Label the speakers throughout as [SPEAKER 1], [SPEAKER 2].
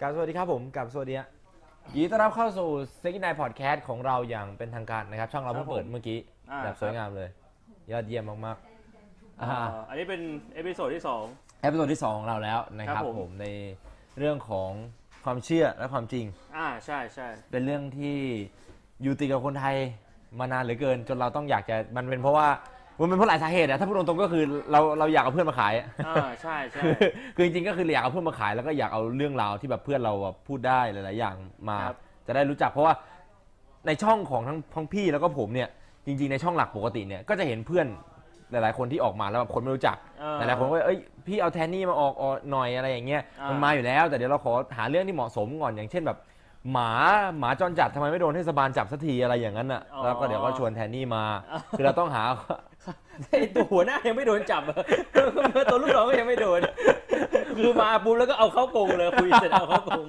[SPEAKER 1] กับสวัสดีครับผมกับสวัสดีฮะยินดีต้อนรับเข้าสู่ซิกนายพอดแคสต์ของเราอย่างเป็นทางการนะครับ ช่องเรา
[SPEAKER 2] ครั
[SPEAKER 1] เพิ่
[SPEAKER 2] บ
[SPEAKER 1] งเปิด
[SPEAKER 2] ผม
[SPEAKER 1] เมื่อกี้
[SPEAKER 2] อ่า
[SPEAKER 1] แบบสวยงามเลย ยอดเยี่ยมมากๆอ่า
[SPEAKER 2] เอ่ออันนี้เป็นเอพิโซดที่
[SPEAKER 1] เอพิโซดที่ 2 ของเราแล้วนะค
[SPEAKER 2] ครั
[SPEAKER 1] รับบ
[SPEAKER 2] ผม
[SPEAKER 1] ผมในเรื่องของความเชื่อและความจริง
[SPEAKER 2] 2อ่าใช่ใช่
[SPEAKER 1] เป็นเรื่องที่อยู่ติดกับคนไทยมานานเหลือเกิน จนเราต้องอยากจะมันเป็นเพราะว่ามันเป็นเพราะหลายสาเหตุอะถ้าพูดตรงๆก็คือเราเราอยากเอาเพื่อนมาขายอะ
[SPEAKER 2] อ่าใช่ใช่
[SPEAKER 1] คือ คือจริงๆก็คืออยากเอาเพื่อนมาขายแล้วก็อยากเอาเรื่องราวที่แบบเพื่อนเราแบบพูดได้หลาย ๆ อย่างมา
[SPEAKER 2] ครับ
[SPEAKER 1] จะได้รู้จักเพราะว่าในช่องของทั้งทั้งพี่แล้วก็ผมเนี่ยจริง ๆ ในช่องหลักปกติเนี่ยก็จะเห็นเพื่อนหลาย ๆ คนที่ออกมาแล้วแบบคนไม่รู้จัก
[SPEAKER 2] เอ่อ
[SPEAKER 1] หลายๆคนก็เอ้ยพี่เอาแทนนี่มาออกออกหน่อยอะไรอย่างเงี้ย
[SPEAKER 2] อ่ามั
[SPEAKER 1] มันมาอยู่แล้ว แต่เดี๋ยวเราขอหาเรื่องที่เหมาะสมก่อนอย่างเช่นแบบ หมาหมาจรจัดทำไมไม่โดนเทศบาลจับสักทีอะไรอย่างนั้นอ่ะแล้วก็เดี๋ยวก็ชวนแทนนี่มา คือเรา ต้องหา
[SPEAKER 2] ไอ้ตัวหัวหน้ายังไม่โดนจับ อะตัวลูกน้องก็ยังไม่โดน คือมาปุ๊บแล้วก็เอาเข้ากรงเลยคุยเสร็จเอาเข้ากรง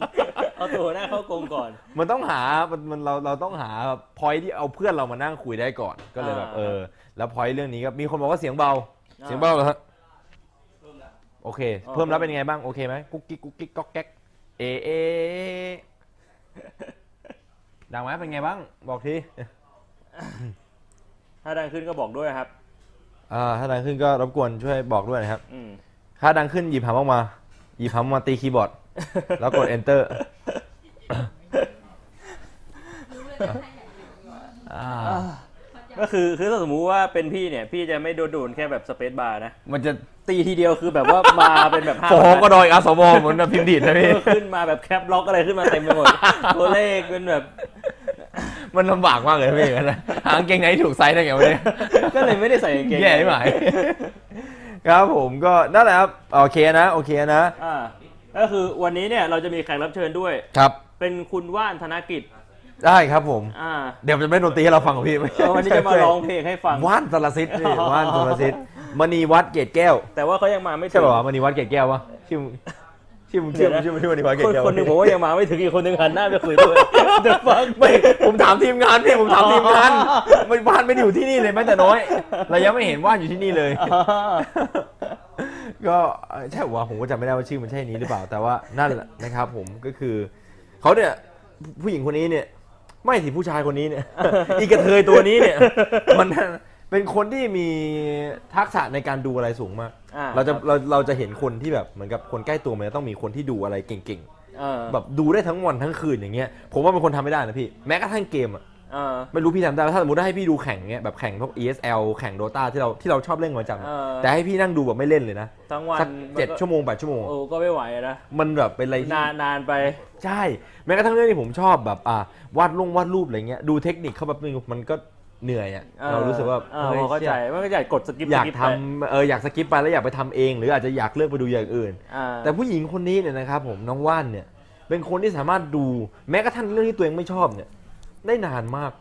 [SPEAKER 2] เอาตัวหัวหน้าเข้ากรงก่อน
[SPEAKER 1] มันต้องหา มันมันเราเราต้องหาพอยที่เอาเพื่อนเรามานั่งคุยได้ก่อน ก็เลยแบบ
[SPEAKER 2] อ่า
[SPEAKER 1] เออ แล้วพอยเรื่องนี้ก็มีคนบอกว่าเสียงเบา
[SPEAKER 2] อ่า
[SPEAKER 1] เสียงเบาเหรอฮะโอเค
[SPEAKER 2] อ๋อ
[SPEAKER 1] เพิ่มแล้วเป็นไงบ้าง โอเคไหมกุ๊กกิ๊กกุ๊กกิ๊กก๊อกแก๊ก เอะเอะดังไหมเป็นไงบ้าง บอกที
[SPEAKER 2] ถ้าดังขึ้นก็บอกด้วยครับ
[SPEAKER 1] อ่าถ้าดังขึ้นก็รบกวนช่วยบอกด้วยนะครับ
[SPEAKER 2] อืม
[SPEAKER 1] ถ้าดังขึ้นหยิบหามออกมา หยิบหามออกมาตีคีย์บอร์ด แล้วกด enter อ่า
[SPEAKER 2] ก็คือคือถ้าสมมุติว่าเป็นพี่เนี่ย พี่จะไม่โดนโดนแค่แบบสเปซบาร์นะ
[SPEAKER 1] มันจะ
[SPEAKER 2] ตีทีเดียวคือแบบว่ามาเป็นแบบห้า
[SPEAKER 1] โฟ
[SPEAKER 2] บรรทัด
[SPEAKER 1] ก็โดยอาสวเหมือนแบบพิมพ์ดีดนะ
[SPEAKER 2] เอ
[SPEAKER 1] พี่
[SPEAKER 2] อขึ้นมาแบบแคปล็อกอะไรขึ้นมาเต็มไปหมด ตัวเลขเป็นแบบ
[SPEAKER 1] มันลำบากมากเลยนะพี่อย่างนั้นนะหางเกงไหนที่ถูกไซส์ได้ไงวะเนี่ย
[SPEAKER 2] ก็เลยไม่ได้ใส่กางเกง
[SPEAKER 1] แย่ไหมครับผมก็นั่นแหละครับโอเคนะโอเคนะ
[SPEAKER 2] อ่าก็คือวันนี้เนี่ยเราจะมีแขกรับเชิญด้วย
[SPEAKER 1] ครับ
[SPEAKER 2] เป็นคุณว่านธนกิจ
[SPEAKER 1] ได้ครับผม
[SPEAKER 2] อ่า
[SPEAKER 1] เดี๋ยวจะไม่ดนตรีให้เราฟังของพี่ไม่
[SPEAKER 2] เออวันนี้จะมาร้องเพลงให้ฟัง
[SPEAKER 1] ว่านสารสิทธิ์พี่ว่านสารสิทธิ์มณีวัดเกตแก้ว
[SPEAKER 2] แต่ว่าเขายังมาไม่ถึ
[SPEAKER 1] ใช่
[SPEAKER 2] ง
[SPEAKER 1] ป่าวะมณีวัดเกตแก้ววะชื่อมึงชื่อมึงชื่อมึงชื่อมึงชื่อมณีวัดเกต
[SPEAKER 2] คน
[SPEAKER 1] แก้ว
[SPEAKER 2] คนหนึ่งผมว่ายังมาไม่ถึงอีกคนหนึ่งหันหน้าไปคุย ด้วย The fuck
[SPEAKER 1] ไม่ผมถามทีมงานพี่ผมถามทีม งานไม่ว่านไม่ได้อยู่ที่นี่เลยแม้แต่น้อย เรายังไม่เห็นว่านอยู่ที่นี่เลย
[SPEAKER 2] อ่า
[SPEAKER 1] ก็เอ่อใช่ว่าผมก็จำไม่ได้ว่าชื่อมันใช่นี้หรือเปล่า แต่ว่านั่นแหละนะครับผมก็คือเขาเนี่ยผู้ผู้หญิงคนนี้เนี่ย ไม่สิผู้ชายคนนี้เนี่ย อีกระเทยตัวนี้เนี่ย มันเป็นคนที่มีทักษะในการดูอะไรสูงมาก
[SPEAKER 2] อ่
[SPEAKER 1] เราจะเราเราจะเห็นคนที่แบบเหมือนกับคนใกล้ตัวมันจะต้องมีคนที่ดูอะไรเก่ง
[SPEAKER 2] เออ
[SPEAKER 1] ๆแบบดูได้ทั้งวันทั้งคืนอย่างเงี้ยผมว่าเป็นคนทำไม่ได้นะพี่แม้กระทั่งเกมอะ
[SPEAKER 2] เออ
[SPEAKER 1] ไม่รู้พี่ทำได้ไหมถ้าสมมติให้พี่ดูแข่งเงี้ยแบบแข่งพวก ESL แข่ง Dota ที่เราที่เราชอบเล่นกันประจำอะ
[SPEAKER 2] เออ
[SPEAKER 1] แต่ให้พี่นั่งดูแบบไม่เล่นเลยนะ
[SPEAKER 2] ทั้งวัน
[SPEAKER 1] สัก
[SPEAKER 2] มันก็
[SPEAKER 1] เจ็ดชั่วโมงแปดชั่วโมงอะ
[SPEAKER 2] โอ้ก็ไม่ไหวอะนะ
[SPEAKER 1] มันแบบเป็นอะไรที่
[SPEAKER 2] นานนานไป
[SPEAKER 1] ใช่ แม้กระทั่งเรื่องที่ผมชอบแบบอ่าวาดลงวาดรูปอะไรเงี้ยดูเทคนิคเขาแบบนึงมันก็เหนื่อยอ่ะ
[SPEAKER 2] ออ
[SPEAKER 1] เรารู้สึกว่า
[SPEAKER 2] เออ
[SPEAKER 1] ฮ้ย
[SPEAKER 2] พอเข้าใจ
[SPEAKER 1] ชี่ย
[SPEAKER 2] มันก็อยากกดสกิป
[SPEAKER 1] อยาก
[SPEAKER 2] สไป
[SPEAKER 1] ทำเอออยากสกิปไปแล้วอยากไปทำเอง หรืออาจจะอยากเลือกไปดูอย่างอื่น
[SPEAKER 2] อ่า
[SPEAKER 1] แต่ผู้หญิงคนนี้เนี่ยนะครับผมน้องว่านเนี่ย เป็นคนที่สามารถดูแม้กระทั่งเรื่องที่ตัวเองไม่ชอบเนี่ย ได้นานมาก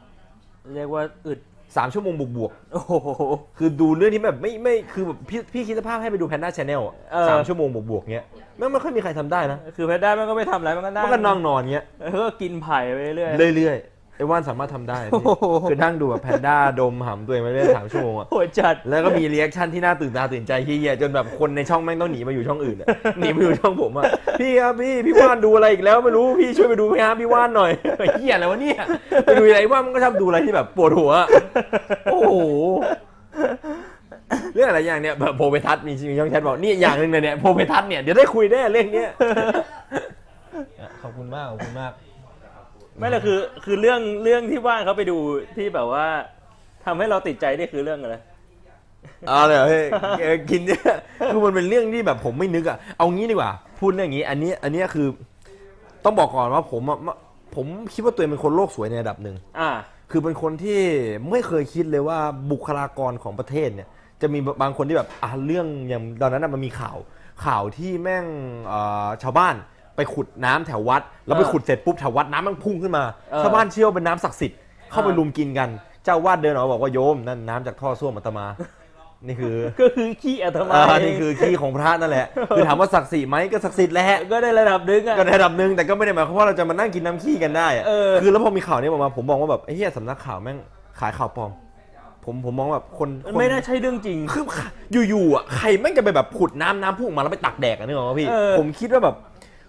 [SPEAKER 2] เรียกว่าอึด
[SPEAKER 1] สามชั่วโมงบวกๆ
[SPEAKER 2] โอ้โห
[SPEAKER 1] คือดูเรื่องที่แบบไม่ไม่คือแบบพี่พี่คิดสภาพให้ไปดูแพนด้าชาแนล
[SPEAKER 2] เออ
[SPEAKER 1] สามชั่วโมงบวกๆเงี้ยแม่งไม่ค่อยมีใครทำได้นะ
[SPEAKER 2] คือแพนด้ามันก็ไม่ทำอะไรมันก็นั่ง
[SPEAKER 1] มันก็นั่งนอนเงี้ย
[SPEAKER 2] เออกินไผ่ไปเรื่อย
[SPEAKER 1] เรื่อยๆไอ้ว่านสามารถทำได้
[SPEAKER 2] โอ้
[SPEAKER 1] พี่
[SPEAKER 2] โห
[SPEAKER 1] คือนั่งดูแบบแพนด้าดมหำตัวเองไปเรื่อยสามชั่วโมงอะ
[SPEAKER 2] โหดจัด
[SPEAKER 1] แล้วก็มีเรีแอคชั่นที่น่าตื่นตาตื่นใจเฮียๆจนแบบคนในช่องแม่งต้องหนีมาอยู่ช่องอื่นอะหนีมาอยู่ช่องผมอะพี่ครับพี่พี่ว่านดูอะไรอีกแล้วไม่รู้พี่ช่วยไปดูพี่ฮะพี่ว่านหน่อยเฮียอะไรวะเนี่ยไปดูอะไรว่านมันก็ชอบดูอะไรที่แบบปวดหัวอะโอ้โห เรื่องอะไรอย่างเนี้ยแบบโพเปทัศน์มีมีช่องแชทบอกนี่อย่างหนึ่งเลยเนี่ยโพเปทัศน์เนี่ยเดี๋ยวได้คุยแน่เรื่องเนี้ย ขอบคุณมากขอบคุณมาก
[SPEAKER 2] ไม่ละคือคือเรื่องเรื่องที่ว่านเขาไปดูที่แบบว่าทำให้เราติดใจนี่คือเรื่องอะไร
[SPEAKER 1] เอาเลยเหรอเฮ้ยเออกินเนี่ยคือมันเป็นเรื่องที่แบบผมไม่นึกอ่ะเอางี้ดีกว่า พูดเรื่องนี้ อันนี้อันเนี้ยคือ ต้องบอกก่อนว่าผมอะผมคิดว่าตัวเองเป็นคนโลกสวยในระดับหนึ่ง
[SPEAKER 2] อ่า
[SPEAKER 1] คือเป็นคนที่ไม่เคยคิดเลยว่าบุคลากรของประเทศเนี่ยจะมีบางคนที่แบบอ่ะเรื่องอย่างตอนนั้นนะมันมีข่าวข่าวที่แม่งเอ่อชาวบ้านไปขุดน้ำแถววัด แล้วไป
[SPEAKER 2] เออ
[SPEAKER 1] ขุดเสร็จปุ๊บแถววัดน้ำมันพุ่งขึ้นมา
[SPEAKER 2] เออ
[SPEAKER 1] ชาวบ้านเชื่อว่าเป็นน้ำศักดิ์สิทธิ์เข้าไป
[SPEAKER 2] เออ
[SPEAKER 1] ลุมกินกัน เจ้าอาวาดเดินออกมาบอกว่าโยมนั่นน้ำจากท่อส้วมอาตมา นี่คือ
[SPEAKER 2] ก็คือขี้อัตมา
[SPEAKER 1] อ่า
[SPEAKER 2] เง
[SPEAKER 1] นี่คือขี้ของพระนั่นแหละ คือถามว่าศักดิ์สิทธิ์ไหมก็ศักดิ์สิทธิ์แหละ
[SPEAKER 2] ก็ได้ระดับหนึงอ่ะ
[SPEAKER 1] ก็ในระดับหนึ่งแต่ก็ไม่ได้หมายความว่าเราจะมานั่งกินน้ำขี้กันได้ะ
[SPEAKER 2] เออ
[SPEAKER 1] คือแล้วพอมีข่าวนี้ออกมาผมมองว่าแบบไอ้เหี้ยสำนักข่าวแม่งขายข่าวปลอม ผมผมมองแบบคน
[SPEAKER 2] มัน
[SPEAKER 1] คน
[SPEAKER 2] ไม่น่าใช่เรื่องจริง
[SPEAKER 1] คืออยู่ๆอ่ะใครแม่งจะไปแบบขุดน้ำน้ำพุ่งออกมาแล้วไปตักแดกอะนึกออกไหมพี่
[SPEAKER 2] เออ
[SPEAKER 1] ผมคิดว่าแบบ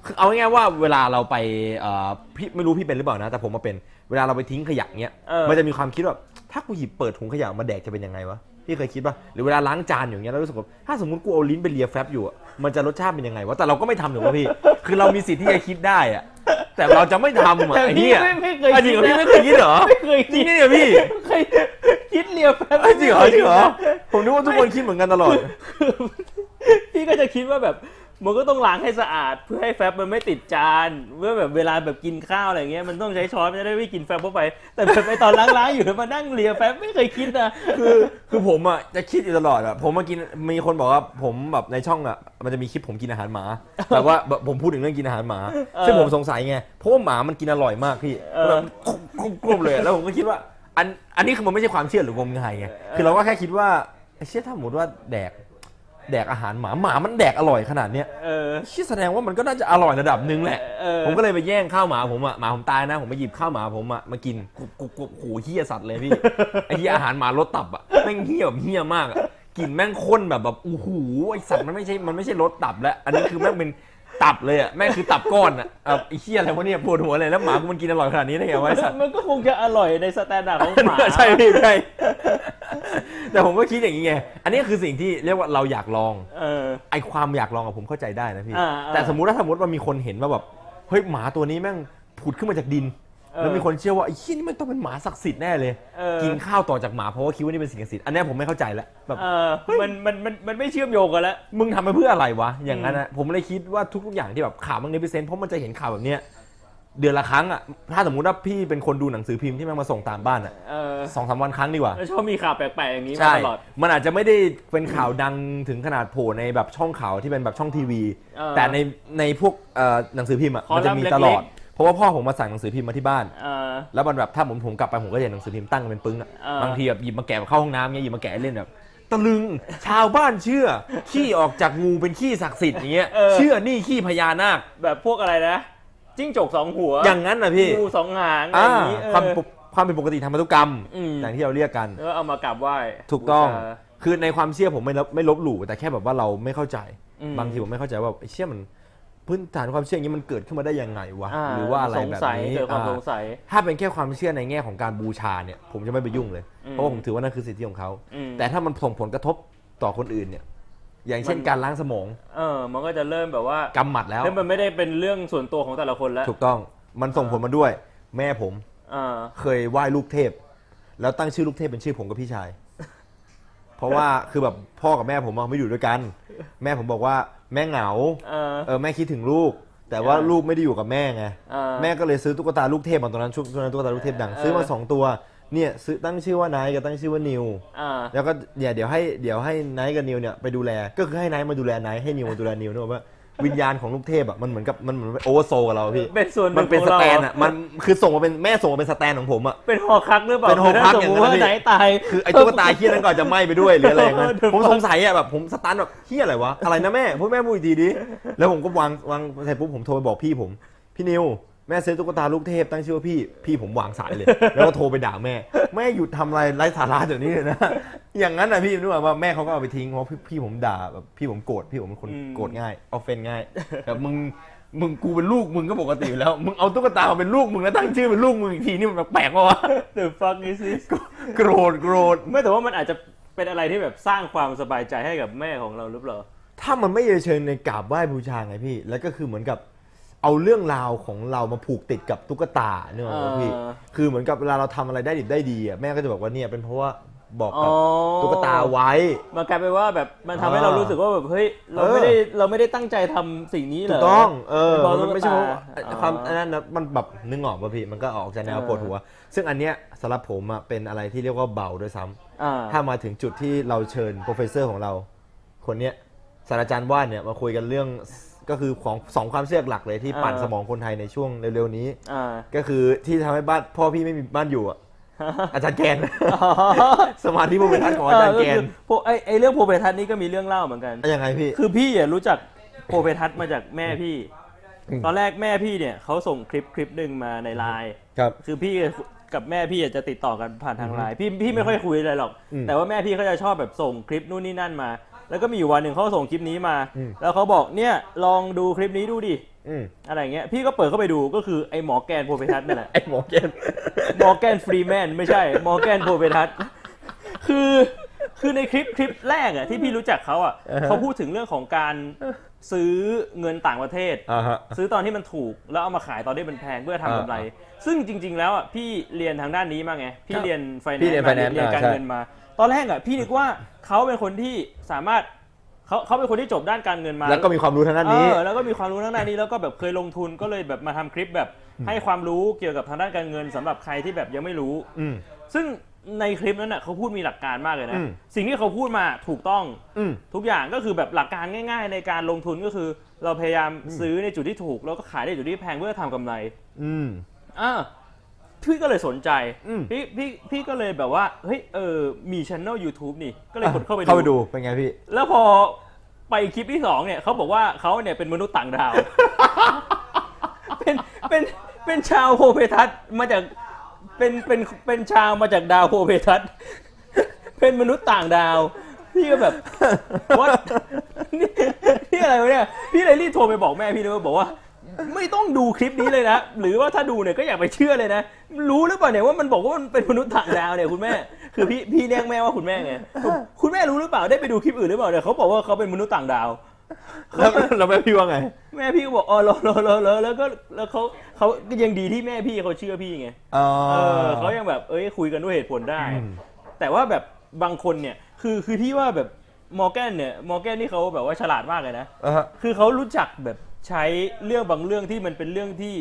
[SPEAKER 1] คือเอาง่ายๆว่าเวลาเราไปเอ่อพี่ไม่รู้พี่เป็นหรือเปล่านะ แต่ผมมาเป็นเวลาเราไปทิ้งขยะเนี้ย
[SPEAKER 2] เออ
[SPEAKER 1] มันจะมีความคิดแบบถ้ากูหยิบเปิดถุงขยะมาแดกจะเป็นยังไงวะพี่เคยคิดป่ะหรือเวลาล้างจานอยู่เงี้ยแล้วรู้สึกว่าถ้าสมมติกูเอาลิ้นไปเลียแฟบอยู่อะมันจะรสชาติเป็นยังไงวะแต่เราก็ไม่ทำถูกป่ะพี่ คือเรามีสิทธิ์ที่จะคิดได้อะแต่เราจะไม่ทำอะ
[SPEAKER 2] แต่
[SPEAKER 1] ไอ้
[SPEAKER 2] พี่
[SPEAKER 1] เหี้ย
[SPEAKER 2] ไม่ไม่เคย
[SPEAKER 1] อันนี้
[SPEAKER 2] คิด
[SPEAKER 1] พี่
[SPEAKER 2] นะ
[SPEAKER 1] ไม่เคยคิดเหรอ
[SPEAKER 2] ไม่เคย
[SPEAKER 1] จริ
[SPEAKER 2] คิ
[SPEAKER 1] งไหม
[SPEAKER 2] ด
[SPEAKER 1] เนี่ยพี่
[SPEAKER 2] ไม่เคยคิดเรียวแฟบ
[SPEAKER 1] เอ้ยจริงเหรอจริงเหรอผมนึกว่าทุกคนคิดเหมือนกันตลอด
[SPEAKER 2] พี่ก็จะคิดว่าแบบมันก็ต้องล้างให้สะอาด เพื่อให้แฟบมันไม่ติดจานเมื่อแบบเวลาแบบกินข้าวอะไรเงี้ยมันต้องใช้ช้อนมันจะได้ไม่กินแฟบเข้าไป แต่แบบไอตอนล้างๆอยู่แล้วมานั่งเลียแฟบไม่เคยคิดนะคือ
[SPEAKER 1] คือผมอ่ะจะคิดอยู่ตลอดอ่ะผมมากินมีคนบอกว่าผมแบบในช่องอ่ะมันจะมีคลิปผมกินอาหารห มา แบบว่าแบบผมพูดถึงเรื่องกินอาหารหมาซึ่งผมสงสัยไงเพราะว่าหมามันกินอร่อยมากพี่แบบกรุบๆเลยอะแล้วผมก็คิดว่า อันอันนี้คือมันไม่ใช่ความเชื่อหรืองมงายไงคือเราก็แค่คิดว่าไอ้เชี่ยถ้าสมมติว่าแดกแดกอาหารหมาหมามันแดกอร่อยขนาดเนี้ย
[SPEAKER 2] เออ
[SPEAKER 1] เชี่ยแสดงว่ามันก็น่าจะอร่อยระดับหนึ่งแหละ
[SPEAKER 2] เออ
[SPEAKER 1] ผมก็เลยไปแย่งข้าวหมาผมอ่ะหมาผมตายนะ ผมไปหยิบข้าวหมาผมอ่ะมากินกรุบกรุบกรุบโหเฮี้ยสัตว์เลยพี่ ไอ้เฮี้ยอาหารหมารสตับอ่ะแม่งเฮี้ยแบบเฮี้ยมากอะกลิ่นแม่งข้นแบบแบบโอ้โหไอสัตว์มันไม่ใช่มันไม่ใช่รสตับแล้ว อันนี้คือแม่งเป็นตับเลยอ่ะแม่งคือตับก้อนอ่ะเอาไอ้เฮี้ยอะไรวะเนี่ยปวดหัวเลยแล้วหมากูมันกินอร่อยขนาดนี้ได้ไงวะไอสัตว์
[SPEAKER 2] มันก็คงจะอร่อยในสแตนดาร์ดของหมา
[SPEAKER 1] ใช่พี่ใช่ แต่ผมก็คิดอย่างนี้ไงอันนี้คือสิ่งที่เรียกว่าเราอยากลอง
[SPEAKER 2] เออ
[SPEAKER 1] ไอความอยากลองอะผมเข้าใจได้นะพี่
[SPEAKER 2] อ่าอ่า
[SPEAKER 1] แต่สมมติถ้าสมมติว่ามีคนเห็นว่าแบบเฮ้ยหมาตัวนี้แม่งผุดขึ้นมาจากดิน
[SPEAKER 2] เออ
[SPEAKER 1] แล้วมีคนเชื่อว่าไอ้ขี้ยนี่มันต้องเป็นหมาศักดิ์สิทธิ์แน่เลย
[SPEAKER 2] เออ
[SPEAKER 1] กินข้าวต่อจากหมาเพราะว่าคิดว่านี่เป็นสิ่งศักดิ์สิทธิ์อันเนี้ยผมไม่เข้าใจละแบบ
[SPEAKER 2] เออมันมันมันมันไม่เชื่อมโยงกันแล้ว
[SPEAKER 1] มึงทำไปเพื่ออะไรวะอย่างนั้นอะผมเลยคิดว่าทุกๆอย่างที่แบบข่าวมันในพิเศษเพราะมันจะเห็นข่าวแบบเนี้ยเดือนละครั้งอะถ้าสมมติว่าพี่เป็นคนดูหนังสือพิมพ์ที่แม่งมาส่งตามบ้านอะ
[SPEAKER 2] เออ
[SPEAKER 1] สองสามวันครั้งดีกว่า
[SPEAKER 2] แล้วชอบมีข่าวแปลกๆอย่างนี้มา
[SPEAKER 1] ใช่
[SPEAKER 2] ตลอด
[SPEAKER 1] มันอาจจะไม่ได้เป็นข่าวดังถึงขนาดโผล่ในแบบช่องข่าวที่เป็นแบบช่องทีวี
[SPEAKER 2] เออ
[SPEAKER 1] แต่ในในพวกเอ่อหนังสือพิมพ์อะ
[SPEAKER 2] คอลัมน์
[SPEAKER 1] มันจะมีตลอด
[SPEAKER 2] เล็ก
[SPEAKER 1] เพราะว่าพ่อผมมาสั่งหนังสือพิมพ์มาที่บ้าน
[SPEAKER 2] เออ
[SPEAKER 1] แล้วมันแบบถ้าผมผมกลับไปผมก็จะเห็นหนังสือพิมพ์ตั้งเป็นปึ้งอะ
[SPEAKER 2] เออ
[SPEAKER 1] บางทีแบบหยิบมาแกะเข้าห้องน้ำเงี้ยหยิบมาแกะเล่นแบบตะลึงชาวบ้านเชื่อ ขี้ออกจากงูเป็นขี้ศักดิ์สิทธิ์อย่างเงี้ยเชื่อนี่ขี้พญานาค
[SPEAKER 2] แบบพวกอะไรนะ จิ้งจกสองหัว
[SPEAKER 1] อย่างนั้นนะพี่
[SPEAKER 2] งูสองหางอะไร
[SPEAKER 1] อ่า
[SPEAKER 2] อย่างนี้
[SPEAKER 1] ความ
[SPEAKER 2] เออ
[SPEAKER 1] ปกความเป็นปกติทางพันธุกรรม
[SPEAKER 2] อืม
[SPEAKER 1] อย่างที่เราเรียกกัน
[SPEAKER 2] แล้วเอามากราบไหว้
[SPEAKER 1] ถูกต้อง
[SPEAKER 2] บูชา
[SPEAKER 1] คือในความเชื่อผมไม่ลบไม่ลบหลู่แต่แค่แบบว่าเราไม่เข้าใจ
[SPEAKER 2] อืม
[SPEAKER 1] บางทีผมไม่เข้าใจว่าไอ้เชื่อมันพื้นฐานความเชื่ออย่างนี้มันเกิดขึ้นมาได้ยังไงวะ
[SPEAKER 2] า
[SPEAKER 1] หรือว่าอะไรแบบ
[SPEAKER 2] สงสัย
[SPEAKER 1] นี้
[SPEAKER 2] เกิดความสง
[SPEAKER 1] อ่า
[SPEAKER 2] สัย
[SPEAKER 1] ถ้าเป็นแค่ความเชื่อในแง่ของการบูชาเนี่ยผมจะไม่ไปยุ่งเลย
[SPEAKER 2] อืม
[SPEAKER 1] เพราะว่าผมถือว่านั่นคือสิทธิของเขา
[SPEAKER 2] อืม
[SPEAKER 1] แต่ถ้ามันส่งผลกระทบต่อคนอื่นเนี่ย อย่างเช่นการล้างสมอง
[SPEAKER 2] เออ มันก็จะเริ่มแบบว่าก
[SPEAKER 1] ำหมัดแล้ว
[SPEAKER 2] แล้วมันไม่ได้เป็นเรื่องส่วนตัวของแต่ละคนแล้ว
[SPEAKER 1] ถูกต้อง มันส่งผลมาด้วย แม่ผม
[SPEAKER 2] เออ
[SPEAKER 1] เคยไหว้ลูกเทพ แล้วตั้งชื่อลูกเทพเป็นชื่อผมกับพี่ชาย เพราะว่าคือแบบพ่อกับแม่ผมอะไม่อยู่ด้วยกัน แม่ผมบอกว่าแม่เหงา
[SPEAKER 2] เออ
[SPEAKER 1] เออแม่คิดถึงลูก แต่ว่า
[SPEAKER 2] เออ
[SPEAKER 1] ลูกไม่ได้อยู่กับแม่ไง
[SPEAKER 2] เออ
[SPEAKER 1] แม่ก็เลยซื้อตุ๊กตาลูกเทพมาตอนนั้นช่วงช่วงนั้นตุ๊กตาลูกเทพดัง
[SPEAKER 2] เออ
[SPEAKER 1] ซื้อมาสองตัวเนี่ยซื้อตั้งชื่อว่านายกับตั้งชื่อว่านิว
[SPEAKER 2] เออ
[SPEAKER 1] แล้วก็เนี่ยเดี๋ยวให้เดี๋ยวให้ไนท์กับนิวเนี่ยไปดูแล ก็คือให้ไนท์มาดูแลไนท์ให้นิวมาดูแลนิวนึกออกปะวิญญาณของลูกเทพอ่ะมันเหมือนกับมันเหมือนโอเวอร์โซลกับเราพี่
[SPEAKER 2] เป็นส่วนหนึ่ง
[SPEAKER 1] มันเป็น
[SPEAKER 2] ข
[SPEAKER 1] ส
[SPEAKER 2] องเรา
[SPEAKER 1] แตนอ่ะมันคือส่งมาเป็นแม่ส่งมาเป็นสแตนของผมอ่ะ
[SPEAKER 2] เป็นหอคักหรือเปล่า
[SPEAKER 1] เป็นหอคัก
[SPEAKER 2] ถ้สมม
[SPEAKER 1] อย่าง
[SPEAKER 2] ติ
[SPEAKER 1] นั้
[SPEAKER 2] ว่าน ไหนตาย
[SPEAKER 1] คือไอ้ตุ๊กตาเฮี้ยนั้นก็อาจจะไหม้ไปด้วยหรืออะไรอย่างเงี้ย
[SPEAKER 2] เออ
[SPEAKER 1] ผมสงสัยอ่ะแบบผมสตันแบบเฮี้ยอะไรวะอะไรนะแม่พูดแม่พูดอีกทีดิแล้วผมก็วางวางเสร็จปุ๊บผมโทรไปบอกพี่ผม พี่นิวแม่ซื้อตุ๊กตาลูกเทพตั้งชื่อว่าพี่พี่ผมวางสายเลย แล้วก็โทรไปด่าแม่แม่หยุดทำอะไรไร้สาระเดี๋ยวนี้เลยนะอย่างนั้นนะพี่นึกว่าแม่เขาก็เอาไปทิ้งเพราะพี่พี่ผมด่าแบบพี่ผมโกรธพี่ผมเป็นคน
[SPEAKER 2] อืม
[SPEAKER 1] โกรธง่ายเอาเฟนง่ายแบบมึงมึงกูเป็นลูกมึงก็ปกติอยู่แล้วมึงเอาตุ๊กตามาเป็นลูกมึงแล้วตั้งชื่อเป็นลูกมึงอีกทีนี่มันแปลกๆปะวะ
[SPEAKER 2] The fuck is this
[SPEAKER 1] โกรธโกรธ
[SPEAKER 2] ไม่แต่ว่ามันอาจจะเป็นอะไรที่แบบสร้างความสบายใจให้กับแม่ของเราหรือเปล่า
[SPEAKER 1] ถ้ามันไม่ได้เชิงในกราบไหว้บูชาไงพี่ แล้วก็คือเหมือนกับเอาเรื่องราวของเรามาผูกติดกับตุ๊กตาเนี่ยหรอพี่
[SPEAKER 2] เออ
[SPEAKER 1] คือเหมือนกับเวลาเราทำอะไรได้ดิบได้ดีอ่ะแม่ก็จะบอกว่าเนี่ยเป็นเพราะว่าบอก
[SPEAKER 2] อ๋อ
[SPEAKER 1] กับตุ๊กตาไว้
[SPEAKER 2] มันกลายเป็นว่าแบบมันทำให้
[SPEAKER 1] อ่า
[SPEAKER 2] เรารู้สึกว่าแบบเฮ้ยเราไม่
[SPEAKER 1] เออ
[SPEAKER 2] ได้เราไม่ได้ตั้งใจทำสิ่งนี้เหรอ
[SPEAKER 1] ถูกต้องเออ
[SPEAKER 2] เป็นเพราะ
[SPEAKER 1] มันไม่ใช่เพราะ
[SPEAKER 2] ตุ๊กตา
[SPEAKER 1] ความ
[SPEAKER 2] อ๋ออั
[SPEAKER 1] อันนั้นนะมันแบบนึกออกป่ะพี่มันก็ออกจะแนว
[SPEAKER 2] เออ
[SPEAKER 1] ปวดหัว ซึ่งอันเนี้ยสำหรับผมอ่ะเป็นอะไรที่เรียกว่าเบาด้วยซ้ำ
[SPEAKER 2] อ่า
[SPEAKER 1] ถ้ามาถึงจุดที่เราเชิญโปรเฟสเซอร์ของเรา คนเนี้ยศาสตราจารย์ว่านเนี่ยมาคุยกันเรื่องก็คือของสองความเชื่อหลักเลยที่ปั่นสมองคนไทยในช่วงเร็วๆนี้
[SPEAKER 2] อ่า
[SPEAKER 1] ก็คือที่ทำให้บ้านพ่อพี่ไม่มีบ้านอยู่อะอาจารย์แก น
[SPEAKER 2] อ๋อ
[SPEAKER 1] สมาธิพวกเป็นท่านของอาจารย์แกน
[SPEAKER 2] เออคือพวกไอไอเรื่องโพเพทัศน์นี่ก็มีเรื่องเล่าเหมือนกัน
[SPEAKER 1] แล้วยังไงพี่
[SPEAKER 2] คือพี่อ่ะรู้จักโพเพทัศน์มาจากแม่พี่
[SPEAKER 1] อืม
[SPEAKER 2] ตอนแรกแม่พี่เนี่ยเขาส่งคลิปคลิปหนึ่งมาในไลน์
[SPEAKER 1] ครับ
[SPEAKER 2] คือพี่กับแม่พี่อาจจะติดต่อกันผ่านทาง
[SPEAKER 1] อือฮึ
[SPEAKER 2] ไลน์พี่พี่ไม่ค่อยคุยอะไรหรอก
[SPEAKER 1] อืม
[SPEAKER 2] แต่ว่าแม่พี่เขาจะชอบแบบส่งคลิปนู่นนี่นั่นมา แล้วก็มีอยู่วันหนึ่งเขาส่งคลิปนี้มา
[SPEAKER 1] อืม
[SPEAKER 2] แล้วเขาบอกเนี่ยลองดูคลิปนี้ดูดิ
[SPEAKER 1] อืม
[SPEAKER 2] อะไรเงี้ยพี่ก็เปิดเข้าไปดูก็คือไอ้หมอแกนโพเฟทัสนั่นแหละ
[SPEAKER 1] ไอ้หมอแกน
[SPEAKER 2] มอร์แกนฟรีแมนไม่ใช่มอร์แกนโพเวทัสคือคือในคลิปคลิปแรกอะที่พี่รู้จักเขาอะ
[SPEAKER 1] อ่าฮะ
[SPEAKER 2] เขาพูดถึงเรื่องของการซื้อเงินต่างประเทศ
[SPEAKER 1] อ่าฮะ
[SPEAKER 2] ซื้อตอนที่มันถูกแล้วเอามาขายตอนที่มันแพงเพื่อทำกำไร ซึ่งจริง ๆ แล้วอ่ะพี่เรียนทางด้านนี้มาไง พี่
[SPEAKER 1] ครับ
[SPEAKER 2] เรียนไฟแนนซ์
[SPEAKER 1] พี่เรียน finance
[SPEAKER 2] เรียนการ
[SPEAKER 1] อ่าใช่
[SPEAKER 2] เงินมา ตอนแรกอ่ะพี่นึกว่าเขาเป็นคนที่สามารถเขาเขาเป็นคนที่จบด้านการเงินมา
[SPEAKER 1] แล้วก็มีความรู้ทางด้านนี้
[SPEAKER 2] เออแล้วก็มีความรู้ทางด้านนี้แล้วก็แบบเคยลงทุนก็เลยแบบมาทำคลิปแบบให้ความรู้เกี่ยวกับทางด้านการเงินสำหรับใครที่แบบยังไม่รู้
[SPEAKER 1] อืม
[SPEAKER 2] ซึ่งในคลิปนั้นน่ะเขาพูดมีหลักการมากเลยนะ
[SPEAKER 1] อืม
[SPEAKER 2] สิ่งที่เขาพูดมาถูกต้อง
[SPEAKER 1] อืม
[SPEAKER 2] ทุกอย่างก็คือแบบหลักการง่าย ๆ ในการลงทุนก็คือ เราพยายามซื้อในจุดที่ถูก แล้วก็ขายในจุดที่แพงเพื่อทำกำไร
[SPEAKER 1] อืม
[SPEAKER 2] อ่าพี่ก็เลยสนใจ
[SPEAKER 1] อืม
[SPEAKER 2] พี่พี่พี่ก็เลยแบบว่าเฮ้ยเออมีช่อง YouTube นี่ก็เลยกดเข้าไปดู
[SPEAKER 1] เข้าไปดูเป็นไงพี่
[SPEAKER 2] แล้วพอไปคลิปที่สองเนี่ยเขาบอกว่าเขาเนี่ยเป็นมนุษย์ต่างดาว เป็นเป็นเป็นชาวโพเพทัสมาจากเป็นเป็นเป็นชาวมาจากดาวโพเพทัสเป็นมนุษย์ต่างดาว พี่ก็แบบ what นี่นี่อะไรวะเนี่ย พี่เลยรีบโทรไปบอกแม่พี่เลยว่าบอกว่า ไม่ต้องดูคลิปนี้เลยนะ หรือว่าถ้าดูเนี่ยก็อย่าไปเชื่อเลยนะ รู้หรือเปล่าเนี่ยว่ามันบอกว่ามันเป็นมนุษย์ต่างดาวเนี่ยคุณแม่ คือพี่พี่เรียกแม่ว่าคุณแม่ไงคุณแม่รู้หรือเปล่าได้ไปดูคลิปอื่นหรือเปล่าเนี่ยเขาบอกว่าเขาเป็นมนุษย์ต่างดาว
[SPEAKER 1] แล้วแล้วแม่พี่ว่าไง
[SPEAKER 2] แม่พี่ก็บอกอ๋อเหรอเหรอเหรอเหรอแล้วก็แล้วเขาเขายังดีที่แม่พี่เขาเชื่อพี่ไง
[SPEAKER 1] อ๋อ
[SPEAKER 2] เออเขายังแบบเอ้ยคุยกันด้วยเหตุผลได้
[SPEAKER 1] อืม
[SPEAKER 2] แต่ว่าแบบบางคนเนี่ยคือคือที่ว่าแบบมอร์แกนเนี่ยมอร์แกนนี่เขาแบบว่าฉลาดมากเลยนะ
[SPEAKER 1] อ่าฮะ
[SPEAKER 2] คือเขารู้จักแบบใช้เรื่องบางเรื่องที่มันเป็นเรื่องที่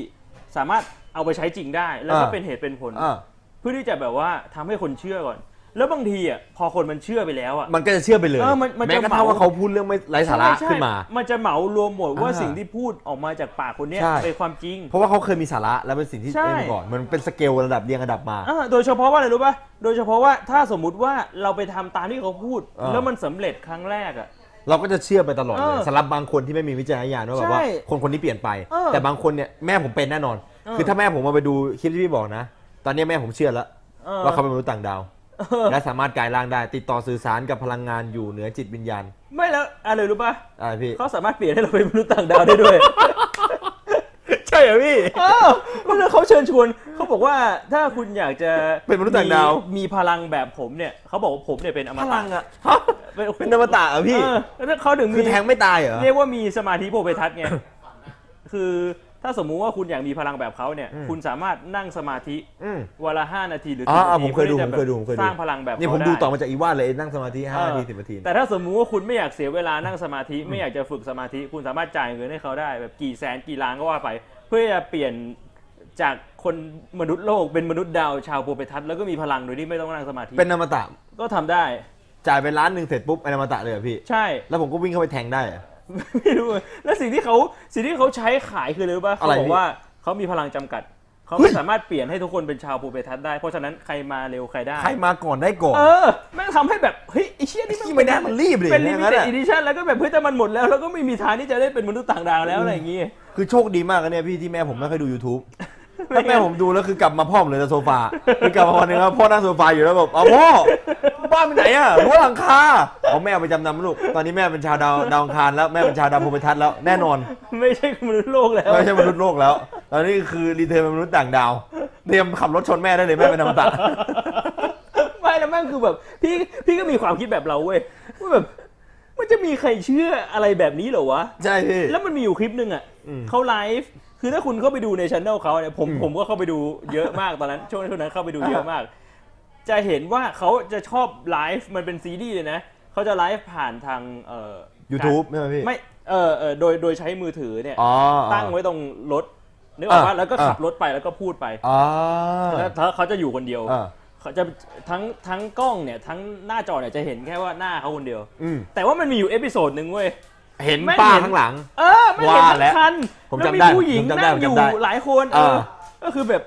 [SPEAKER 2] สามารถเอาไปใช้จริงได้ แล้วก็
[SPEAKER 1] อ่า
[SPEAKER 2] เป็นเหตุเป็นผล
[SPEAKER 1] อ่า
[SPEAKER 2] เพื่อที่จะแบบว่าทำให้คนเชื่อก่อน แล้วบางทีอ่ะพอคนมันเชื่อไปแล้วอ่ะ
[SPEAKER 1] มันก็จะเชื่อไปเลย
[SPEAKER 2] เออมันมันจะ
[SPEAKER 1] แม้กระทั่งว่าเขาพูดเรื่องไม่ไร้สาระ
[SPEAKER 2] ใช่
[SPEAKER 1] ขึ้นมา
[SPEAKER 2] มันจะเหมารวมหมดว่า
[SPEAKER 1] อ่า
[SPEAKER 2] สิ่งที่พูดออกมาจากปากคนเนี้ย
[SPEAKER 1] ใช่
[SPEAKER 2] เป็นความจริง
[SPEAKER 1] เพราะว่าเขาเคยมีสาระแล้วเป็นสิ่งที่
[SPEAKER 2] ใช่
[SPEAKER 1] เล่นมาก่อน มันเป็นสเกลระดับเรียงระดับมา
[SPEAKER 2] อ่าโดยเฉพาะว่าอะไรรู้ป่ะ โดยเฉพาะว่าถ้าสมมุติว่าเราไปทำตามที่เขาพูด
[SPEAKER 1] อ่า
[SPEAKER 2] แล้วมันสำเร็จครั้งแรกอ่ะ
[SPEAKER 1] เราก็จะเชื่อไปตลอดเล
[SPEAKER 2] เอยอ
[SPEAKER 1] สำหรับบางคนที่ไม่มีวิจารณญาณว่าแบบว่า
[SPEAKER 2] ใช่
[SPEAKER 1] คนคนนี้เปลี่ยนไป
[SPEAKER 2] เออ
[SPEAKER 1] แต่บางคนเนี่ยแม่ผมเป็นแน่นอน
[SPEAKER 2] เออ
[SPEAKER 1] คือถ้าแม่ผมมาไปดูคลิปที่พี่บอกนะ ตอนเนี้ยแม่ผมเชื่อแล้ว
[SPEAKER 2] เออ
[SPEAKER 1] ว่าเขาเป็นมนุษย์ต่างดาว
[SPEAKER 2] เออ
[SPEAKER 1] และสามารถกลายร่างได้ ติดต่อสื่อสารกับพลังงานอยู่เหนือจิตวิญญาณ
[SPEAKER 2] ไม่แล้วอะไรรู้ป่ะ
[SPEAKER 1] อะไรพี่
[SPEAKER 2] เขาสามารถเปลี่ยนให้เราเป็นมนุษย์ต่างดาวได้ด้วย
[SPEAKER 1] ใช่เหรอพี่
[SPEAKER 2] เออแล้วเขาเชิญชวนเขาบอกว่าถ้าคุณอยากจะ
[SPEAKER 1] เป็นมนุษย์ต่างดาว
[SPEAKER 2] มีพลังแบบผมเนี่ยเขาบอกว่าผมเนี่ยเป็นอม
[SPEAKER 1] พ
[SPEAKER 2] ตะ
[SPEAKER 1] ลังอะฮะเป็นนวัตะเหรอพี่
[SPEAKER 2] เออแล้วเขาถึง
[SPEAKER 1] คื
[SPEAKER 2] มี
[SPEAKER 1] อแทงไม่ตายเหรอ
[SPEAKER 2] เรียกว่ามีสมาธิโพเวทัศน์ไง คือถ้าสมมุติว่าคุณอยากมีพลังแบบเขาเนี่ย
[SPEAKER 1] อืม
[SPEAKER 2] คุณสามารถนั่งสมาธิ
[SPEAKER 1] อืม
[SPEAKER 2] วันละห้านาทีหรือ
[SPEAKER 1] อ๋
[SPEAKER 2] สิ
[SPEAKER 1] อบ
[SPEAKER 2] นา
[SPEAKER 1] ผ
[SPEAKER 2] ที
[SPEAKER 1] มเคยดู
[SPEAKER 2] พื่อ
[SPEAKER 1] ผ
[SPEAKER 2] ที่จะ
[SPEAKER 1] มเคยดูผมเคยดู
[SPEAKER 2] สร้างพลังแบบ
[SPEAKER 1] นี่
[SPEAKER 2] เขา
[SPEAKER 1] ผมดู
[SPEAKER 2] ไ
[SPEAKER 1] ต่อมาจากอีวานเลยนั่งสมาธิ
[SPEAKER 2] เอ
[SPEAKER 1] 5
[SPEAKER 2] อ
[SPEAKER 1] นาทีสิบนาที
[SPEAKER 2] แต่ถ้าสมมุติว่าคุณไม่อยากเสียเวลานั่งสมาธิไม่อยากจะฝึกสมาธิคุณสามารถจ่ายเงินให้เขาได้ แบบกี่แสนกี่ล้านก็ว่าไป เพื่อจะเปลี่ยนจากคนมนุษย์โลกเป็นมนุษย์ดาวชาวโพเปทัสแล้วก็มีพลังโดยที่ไม่ต้องนั่งสมาธิ
[SPEAKER 1] เป็นนวัตะ
[SPEAKER 2] ก็ทำได้
[SPEAKER 1] จ่ายไปล้านหนึ่งเสร็จปุ๊บเป็นนวัตะเลยเหรอพี่
[SPEAKER 2] ใช่
[SPEAKER 1] แล้วผมก็วิ่งเข้าไปแทงได้เหรอ
[SPEAKER 2] ไม่รู้แล้วสิ่งที่เขาสิ่งที่เขาใช้ขายคืออะไรรู้ป่ะเขา
[SPEAKER 1] อะไร
[SPEAKER 2] บอกว่าเขามีพลังจำกัดเขา
[SPEAKER 1] เฮ้
[SPEAKER 2] ไม่
[SPEAKER 1] ย
[SPEAKER 2] สามารถเปลี่ยนให้ทุกคนเป็นชาวโพเปทัสได้เพราะฉะนั้นใครมาเร็วใครได้
[SPEAKER 1] ใครมาก่อนได้ก่อน
[SPEAKER 2] เออแม่งทำให้แบบเฮ้ยไอ้เชี่ยนี่
[SPEAKER 1] ที่
[SPEAKER 2] มั
[SPEAKER 1] ไม่
[SPEAKER 2] น
[SPEAKER 1] ได้มันรีบเลย
[SPEAKER 2] เป็นลิ
[SPEAKER 1] อย่าง
[SPEAKER 2] มิ
[SPEAKER 1] นั้น
[SPEAKER 2] เต็ด
[SPEAKER 1] อะ
[SPEAKER 2] อีดิชั่นแล้วก็แบบเพื่อจะมันหมดแล้ว แล้วก็ไม่มีทางที่จะได้เป็นมนุษย์ต่างดาวแล้วอะไรอย่างงี้
[SPEAKER 1] คือโชคดีมากนะเนี่ยพี่ที่แม่ผมไม่เคอยดู YouTube ถ้าแม่ผมดูแล้วคือกลับมาพ่อผมเลยแต่โซ ฟาคือกลับมาวันหนึงแล้วพ่อนั่งโซฟาอยู่แล้วแบบเอาพ่อบ้านไปไหนอะรั้วหลังคาเอาแม่ไปจำนำลูกตอนนี้แม่เป็นชาวดาวดาวอังคารแล้วแม่เป็นชาวดาวภูมิทัศน์แล้วแน่นอน
[SPEAKER 2] ไม่ใช่มนุษย์โลกแล้ว
[SPEAKER 1] ไม่ใช่มนุษย์โลกแล้ว ตอนนี้คือรีเทิร์นเป็นมนุษย์ต่างดาว เตรียมขับรถชนแม่ได้เลยแม่เป็นอมตะ
[SPEAKER 2] ไม่ แล้วแม่งคือแบบพี่พี่ก็มีความคิดแบบเราเว้ยว่าแบบมันจะมีใครเชื่ออะไรแบบนี้เหรอวะ
[SPEAKER 1] ใช่พี่
[SPEAKER 2] แล้วมันมีอยู่คลิปหนึ่งอ่ะเขาไลฟ์คือถ้าคุณเข้าไปดูในชันแนลเขาเนี่ยผมผมก็เข้าไปดูเยอะมากตอนนั้น ช่วงช่วงนั้นเข้าไปดูเยอะมาก จะเห็นว่าเขาจะชอบไลฟ์มันเป็นซีดีส์เลยนะเขาจะไลฟ์ผ่านทางเอ่อ
[SPEAKER 1] YouTube ใช่ไหมพี่
[SPEAKER 2] ไม่เออเออโดยโดยใช้มือถือเนี่ย
[SPEAKER 1] อ๋อ
[SPEAKER 2] ตั้งไว้ตรงรถนึกออกปะ
[SPEAKER 1] อ่ะ
[SPEAKER 2] แล้วก็ขับ
[SPEAKER 1] อ่ะ
[SPEAKER 2] รถไปแล้วก็พูดไป
[SPEAKER 1] อ๋อ
[SPEAKER 2] แล้วถ้าเขาจะอยู่คนเดียว
[SPEAKER 1] อ่า
[SPEAKER 2] เขาจะทั้งทั้งกล้องเนี่ยทั้งหน้าจอเนี่ยจะเห็นแค่ว่าหน้าเขาคนเดียว
[SPEAKER 1] อืม
[SPEAKER 2] แต่ว่ามันมีอยู่เอพิโซดหนึ่งเว้ย
[SPEAKER 1] เห็น
[SPEAKER 2] แม่ง
[SPEAKER 1] ป้า
[SPEAKER 2] เห็น
[SPEAKER 1] ข้างหลัง
[SPEAKER 2] เออไม่เห็น
[SPEAKER 1] ว่าแล้ว
[SPEAKER 2] ทั้งคัน
[SPEAKER 1] ผม
[SPEAKER 2] แล้ว
[SPEAKER 1] จำ
[SPEAKER 2] มี
[SPEAKER 1] ได้
[SPEAKER 2] ผู้หญิง
[SPEAKER 1] ผมจำได้
[SPEAKER 2] นั่งอ
[SPEAKER 1] ผ
[SPEAKER 2] ยู่
[SPEAKER 1] มจำได้
[SPEAKER 2] หลายคนเอ
[SPEAKER 1] เออ
[SPEAKER 2] อก็คือแบบ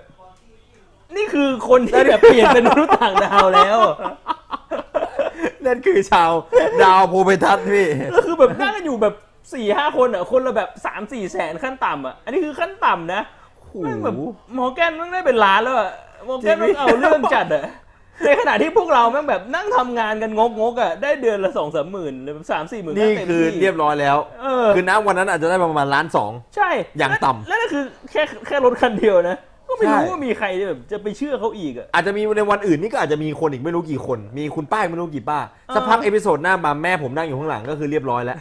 [SPEAKER 2] นี่คือคนที่แบบเปลี่ยนเป็นมนุษย์ต่างดาวแล้ว
[SPEAKER 1] นั่น คือชาวดาวโพเพทัสพี่
[SPEAKER 2] ก็คือแบบนั่งกันอยู่แบบสี่ห้าคนอ่ะคนละแบบสามสี่แสนขั้นต่ำอ่ะอันนี้คือขั้นต่ำนะ
[SPEAKER 1] โอ้โห
[SPEAKER 2] แม่งแบบหมอแกนมันได้เป็นล้านแล้วอะหมอแกน
[SPEAKER 1] จริ
[SPEAKER 2] มั
[SPEAKER 1] ง
[SPEAKER 2] น
[SPEAKER 1] ดิ
[SPEAKER 2] เอาเรื่องจัดอะ ในขณะที่พวกเราแม่งแบบนั่งทำงานกันงกงกๆอ่ะได้เดือนละสองสามหมื่นหรือสามสี่หมื่น
[SPEAKER 1] นี่คือเรียบร้อยแล้ว
[SPEAKER 2] เออ
[SPEAKER 1] คือน้ำวันนั้นอาจจะได้ประมาณล้านสอง
[SPEAKER 2] ใช่
[SPEAKER 1] อย่างต่ำ
[SPEAKER 2] และนั่นคือแค่แค่รถคันเดียวนะ ก็ไม่รู้
[SPEAKER 1] ใช่
[SPEAKER 2] ว่ามีใครแบบจะไปเชื่อเขาอีกอ่ะ
[SPEAKER 1] อาจจะมีในวันอื่นนี่ก็อาจจะมีคนอีกไม่รู้กี่คน มีคุณป้าอีกไม่รู้กี่ป้า
[SPEAKER 2] เออ
[SPEAKER 1] สักพักเอพิโซดหน้ามาแม่ผมนั่งอยู่ข้างหลังก็คือเรียบร้อยแล้ว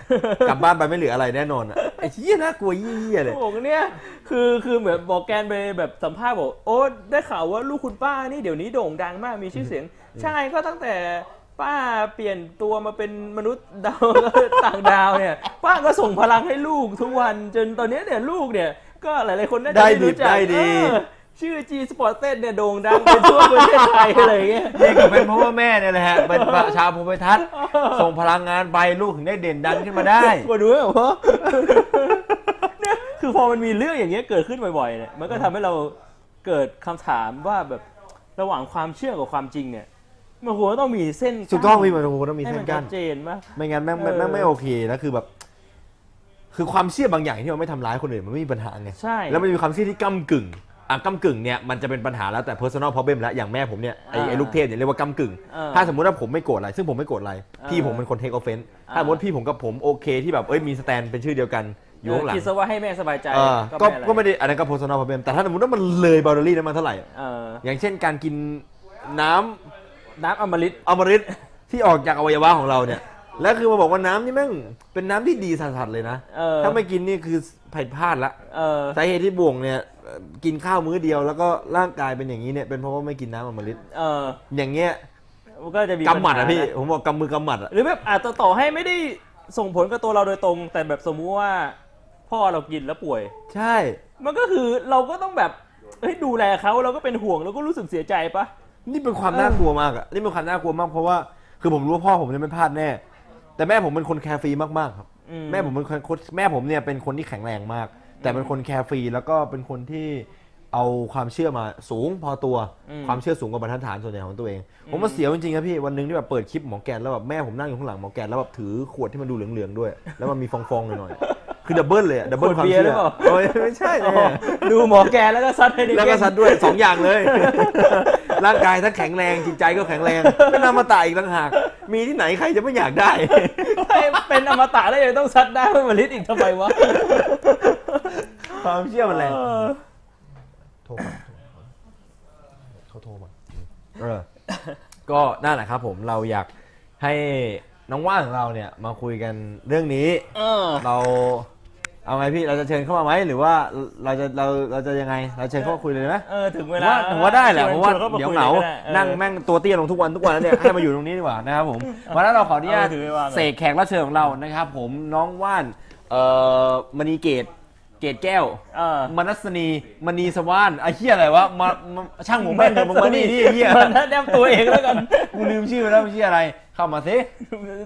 [SPEAKER 1] กลับบ้านไปไม่เหลืออะไรแน่นอนอะไอ้เหี้ยน่ากลัวเหี้ยเลย
[SPEAKER 2] โอ้โหเนี่ยคือคือเหมือนบอกแกนไปแบบสัมภาษณ์บอกโอ้ได้ข่าวว่าลูกคุณป้านี่เดี๋ยวนี้โด่งดังมากมีชื่อเสียง ใช่ก็ตั้งแต่ป้าเปลี่ยนตัวมาเป็นมนุษย์ดาว ต่างดาวเนี่ย ป้าก็ส่งพลังให้ลูกทุกวันจนตอนเนี้ยเนี่ยลูกเนี่ย ก็หลายๆคนน่าจะ
[SPEAKER 1] ได้ดิ
[SPEAKER 2] รู้จั
[SPEAKER 1] ได้
[SPEAKER 2] ก
[SPEAKER 1] ดี
[SPEAKER 2] เออชื่อ G Sported เนี่ยโด่งดังไปทั่วประเทศไทยอะไรอย่างเงี้ย
[SPEAKER 1] นี่ก็เป็นเพราะว่าแม่เนี่ยแหละฮะเป็นประชาภูมิทัศน์ส่งพลังงานไปลูกถึงได้เด่นดังขึ้นมาได้
[SPEAKER 2] กลัวดูแบบว่าเนี่ย คือพอมันมีเรื่องอย่างเงี้ยเกิดขึ้นบ่อยๆเนี่ยมันก็ทำให้เราเกิดคำถามว่าแบบระหว่างความเชื่อกับความจริงเนี่ย มันควรต้องมีเส้น
[SPEAKER 1] สุดต้องมีมันโอ้โหต้องมี
[SPEAKER 2] ให้
[SPEAKER 1] เส้
[SPEAKER 2] มัน น
[SPEAKER 1] กั้
[SPEAKER 2] ชั
[SPEAKER 1] น
[SPEAKER 2] ดเจนป่ะ
[SPEAKER 1] ไม่งั้นแม่งไม่
[SPEAKER 2] เออ
[SPEAKER 1] แม่งไม่โอเคนะคือแบบ คือความเชื่อบางอย่างที่มันไม่ทำร้ายคนอื่นมันไม่มีปัญหาไง
[SPEAKER 2] ใช่
[SPEAKER 1] แล้วมันมีความเชื่อที่ก้ากึ่งอ่ะก้ากึ่งเนี่ยมันจะเป็นปัญหาแล้วแต่ personal problem แล้วอย่างแม่ผมเนี่ยไอ้ไอ้ลูกเทพเนี่ยเรียกว่าก้ากึ่ง
[SPEAKER 2] เออ
[SPEAKER 1] ถ้าสมมติว่าผมไม่โกรธอะไรซึ่งผมไม่โกรธอะไร
[SPEAKER 2] เออ
[SPEAKER 1] พี่ผมเป็นคน take offense ถ้า
[SPEAKER 2] อ่า
[SPEAKER 1] สมมติพี่ผมกับผมโอเคที่แบบเอ้ยมีสแตนเป็นชื่อเดียวกันอยู่ข้างหลัง
[SPEAKER 2] เคิดซะว่าให้แม่สบายใจ
[SPEAKER 1] เออก็
[SPEAKER 2] ก็
[SPEAKER 1] ก็
[SPEAKER 2] ไม่อะไร
[SPEAKER 1] ไม่ได้อันนั้นก็ personal problem แต่ถ้าสมมติว่ามันเลย boundary นั้นมาเท่าไหร่
[SPEAKER 2] เออ
[SPEAKER 1] อย่างเช่นการกินน้ำ
[SPEAKER 2] น้ำอมฤต
[SPEAKER 1] อมฤตที่ออกจากอวัยวะของเราเนี่ย แล้วคือมาบอกว่าน้ำนี่แม่งเป็นน้ำที่ดีสัสๆเลยนะ
[SPEAKER 2] เออ
[SPEAKER 1] ถ้าไม่กินนี่คือผิดพลาดละ
[SPEAKER 2] เออ
[SPEAKER 1] สาเหตุที่บ่วงเนี่ยเอ่อกินข้าวมื้อเดียวแล้วก็ร่างกายเป็นอย่างนี้เนี่ยเป็นเพราะว่าไม่กินน้ำอมฤต
[SPEAKER 2] เออ
[SPEAKER 1] อย่างเงี้ย
[SPEAKER 2] มันก็จะมี
[SPEAKER 1] กำหมัด
[SPEAKER 2] ปั
[SPEAKER 1] อ่ะ
[SPEAKER 2] ญา
[SPEAKER 1] พี่
[SPEAKER 2] น
[SPEAKER 1] ผมบอกกำมือกำหมัดอ่ะ
[SPEAKER 2] หรือแบบอาจจะต่อให้ไม่ได้ส่งผลกับตัวเราโดยตรง แต่แบบสมมุติว่าพ่อเรากินแล้วป่วย
[SPEAKER 1] ใช่
[SPEAKER 2] มันก็คือเราก็ต้องแบบเฮ้ยดูแลเขาเราก็เป็นห่วงเราก็รู้สึกเสียใจปะ
[SPEAKER 1] นี่เป็นความ
[SPEAKER 2] เออ
[SPEAKER 1] น่ากลัวมากอ่ะนี่เป็นความน่ากลัวมากเพราะว่าคือผมรู้ว่าพ่อผมเนี่ยไม่พลาดแน่ แต่แม่ผมเป็นคนแคร์ฟรีมากๆครับ
[SPEAKER 2] อื
[SPEAKER 1] แม่ผมเป็นคนแม่ผมเนี่ยเป็นคนที่แข็งแรงมาก แต่เป็นคนแคร์ฟรีแล้วก็เป็นคนที่เอาความเชื่อมาสูงพอตัว ความเชื่อสูงกว่าบรรทัดฐานส่วนใหญ่ของตัวเอง ผมมาเสียวจริงๆครับพี่วันหนึงที่แบบเปิดคลิปหมอแกนแล้วแบบแม่ผมนั่งอยู่ข้างหลังหมอแกนแล้วแบบถือขวดที่มันดูเหลืองๆด้วย แล้วมันมีฟองๆหน่อยๆคือดับเบิลเลยอะดับเบิล
[SPEAKER 2] ข
[SPEAKER 1] ควา
[SPEAKER 2] วด
[SPEAKER 1] ม
[SPEAKER 2] เบียร์
[SPEAKER 1] เชื่
[SPEAKER 2] หรือ อเปล่า
[SPEAKER 1] โอ้ยไม่ใช่
[SPEAKER 2] อ๋
[SPEAKER 1] เนี่
[SPEAKER 2] อย ดูหมอแกแล้วก็ซัดให้เด็ก
[SPEAKER 1] แล้วก็ซัดด้วยสองอย่างเลย ร่างกายถ้าแข็งแรงจิตใจก็แข็งแรงเป็นอมตะอีกต่างหากมีที่ไหนใครจะไม่อยากได้
[SPEAKER 2] ให้เป็นอมตะแล้วยังต้องซัดได้เพื่อมาลิตอีกทำไมวะ
[SPEAKER 1] ความเชื่อมันแรง
[SPEAKER 2] เออ
[SPEAKER 1] โทรมาเขาโทรมาเออ ก็นั่นแหละครับผมเราอยากให้น้องว่านของเราเนี่ยมาคุยกันเรื่องนี้
[SPEAKER 2] เออ
[SPEAKER 1] เราเอาไงพี่เราจะเชิญเข้ามาไหมหรือว่าเราจะเราเราจะยังไง เราเชิญเข้ามาคุยเลยไหม
[SPEAKER 2] เออถึงเว
[SPEAKER 1] ผม
[SPEAKER 2] ลา
[SPEAKER 1] ว่าผมว่าได้แหละเพราะว่า
[SPEAKER 2] ชข้ม
[SPEAKER 1] เดี๋ยว
[SPEAKER 2] คุ
[SPEAKER 1] เหงา
[SPEAKER 2] ลได้เออ
[SPEAKER 1] นั่งแม่งตัวเตี้ยลงทุกวันทุกวันแล้วเนี่ย ให้มาอยู่ตรงนี้ดีกว่านะครับผมวันนั้นเราขออนุญาต
[SPEAKER 2] เอาถือไว้วางเลย
[SPEAKER 1] เสกแขกรับเชิญของเรานะครับ ผมน้องว่านเอ่อมณีเกตเกตแก้ว
[SPEAKER 2] เออ
[SPEAKER 1] มนัสนีมณีสว่านไอ้เหี้ยอะไรวะมามาช่างผมแม่งเถอะมึงมานี่ที่เหี้ย
[SPEAKER 2] มันแนบตัวเองแล้วกัน
[SPEAKER 1] กูลืมชื่อไปแล้วมันชื่ออะไร เข้ามาสิ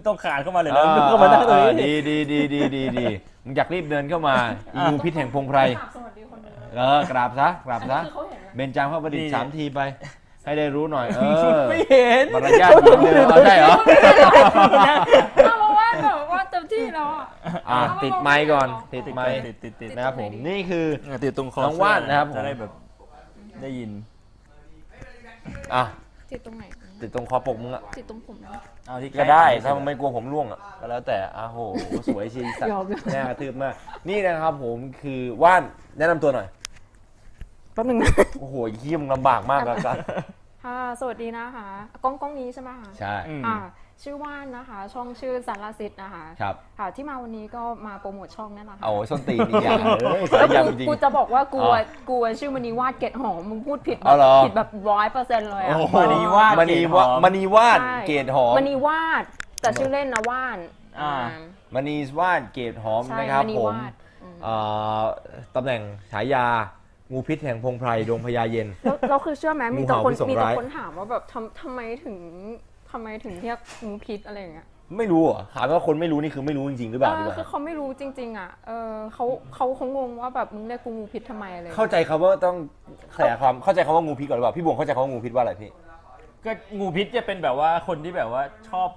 [SPEAKER 2] ต้องขานเข้ามาเลยนะเข้ามาหน้าตัว
[SPEAKER 1] เออ
[SPEAKER 2] นี้
[SPEAKER 1] ดีดีดีดีดีดีมึงอยากรีบเดินเข้ามาอีงูพิษแห่งพงไพร
[SPEAKER 3] กราบสวัสดีคนหนึง
[SPEAKER 1] เออกราบซะกราบ
[SPEAKER 3] อัน
[SPEAKER 1] ซะ
[SPEAKER 3] นี้คือเขาเห็นนะ
[SPEAKER 1] เบนจามเข้าประดิษ
[SPEAKER 2] นี่
[SPEAKER 1] ฐ์สามทีไป ให้ได้รู้หน่อย เอ อ
[SPEAKER 2] ไม่เห็น
[SPEAKER 1] มารยาทเหมือนเดิมเอาได้เหร อ
[SPEAKER 3] เอาเพราะว่าแบบว่าเต็มที่แล้วอ่ะ
[SPEAKER 1] อ่ะติดไมค์ก่อนติด
[SPEAKER 2] ติด
[SPEAKER 1] ไม
[SPEAKER 2] ไป
[SPEAKER 1] ค์
[SPEAKER 2] ติดติดติด
[SPEAKER 1] นะครับผมนี่คือ
[SPEAKER 2] อ่ะติดตรงคอ
[SPEAKER 1] น้องว่านนะครับผม
[SPEAKER 2] จะได้แบบได้ยิน
[SPEAKER 1] อ่ะ
[SPEAKER 3] ติดตรงไหน
[SPEAKER 1] ติดตรงคอปกมึงอะ
[SPEAKER 3] ติดตรงผมนะ
[SPEAKER 2] เอาที่ใล้
[SPEAKER 1] ก็ได้
[SPEAKER 2] ใช่
[SPEAKER 1] ถ้า
[SPEAKER 2] ห
[SPEAKER 1] มันไม่กลัวผมร่วงอ่ะก็แล้วแต่อ้าโห สวยชีสัต
[SPEAKER 3] ยอม
[SPEAKER 1] ว์แน่กระทืบมาก นี่นะครับผมคือว่านแนะนำตัวหน่อย
[SPEAKER 3] แป๊บนึงนะ
[SPEAKER 1] โอ้โหขี้ยมงลำบากม ากอะครับ
[SPEAKER 3] ค่ะสวัสดีนะคะกล้องกล้องนี้ใช่ไหมคะ
[SPEAKER 1] ใช่
[SPEAKER 2] อืม
[SPEAKER 3] อ่าชื่อว่านนะคะ ช่องชื่อสารสิทธ์นะคะ
[SPEAKER 1] ครับ
[SPEAKER 3] ค่ะที่มาวันนี้ก็มาโปรโมทช่องนั่นแหละค่ะ
[SPEAKER 1] เอาไว้ส้นตีนอีกอย่างเลย สายยำจริง
[SPEAKER 3] กูจะบอกว่ากลัว
[SPEAKER 1] อ๋อก
[SPEAKER 3] ลัวชื่อมณีวาดเกตหอมมึงพูดผิดแบ
[SPEAKER 1] เอา
[SPEAKER 3] บ
[SPEAKER 1] เหรอ
[SPEAKER 3] ผิดแบบร้อยเปอร์เซ็นต์เลยอ่ะ
[SPEAKER 1] โอ้โห
[SPEAKER 2] มณีวาด
[SPEAKER 1] มณีวาด
[SPEAKER 2] เกรดหอม
[SPEAKER 1] มณีวาดเกรดหอม
[SPEAKER 3] ใช่มณีวาดแต่ชื่อเล่นนะว่าน
[SPEAKER 2] อ่า
[SPEAKER 3] าม
[SPEAKER 1] ณีวาดเกรดหอม
[SPEAKER 3] ใช่
[SPEAKER 1] นะครับ
[SPEAKER 3] มณี
[SPEAKER 1] ผม
[SPEAKER 3] วาดอืม
[SPEAKER 1] เอ่อตำแหน่งฉายางูพิษแห่งพงไพรดวงพญาเย็น
[SPEAKER 3] แล้วเราคือเชื่อไหมมีแต่
[SPEAKER 1] งูเห่า
[SPEAKER 3] คน
[SPEAKER 1] พิษสง
[SPEAKER 3] มีแต่
[SPEAKER 1] ร้าย
[SPEAKER 3] คนถามว่าแบบทำทำไมถึงทำไมถึงเรียกงูพิษอะไรอย่างเงี้ย
[SPEAKER 1] ไม่รู้เหรอ่ะถามว่าคนไม่รู้นี่คือไม่รู้จริงๆหรือเป
[SPEAKER 3] เอ
[SPEAKER 1] ล่าดี
[SPEAKER 3] อก
[SPEAKER 1] ว่า
[SPEAKER 3] คือเขาไม่รู้จริง ๆ อ่ะเออเขาเขาเขางงว่าแบบมึงเรียกกูงูพิษทำไมอะไรอย่าง
[SPEAKER 1] เข้า
[SPEAKER 3] เงี้ย
[SPEAKER 1] ใจคำว่าต้องขยายความเข้าใจคำว่างูพิษก่อนหรือเปล่าพี่บวงเข้าใจคำว่างูพิษว่าอะไรพี่
[SPEAKER 2] ก็งูพิษจะเป็นแบบว่าคนที่แบบว่าชอบ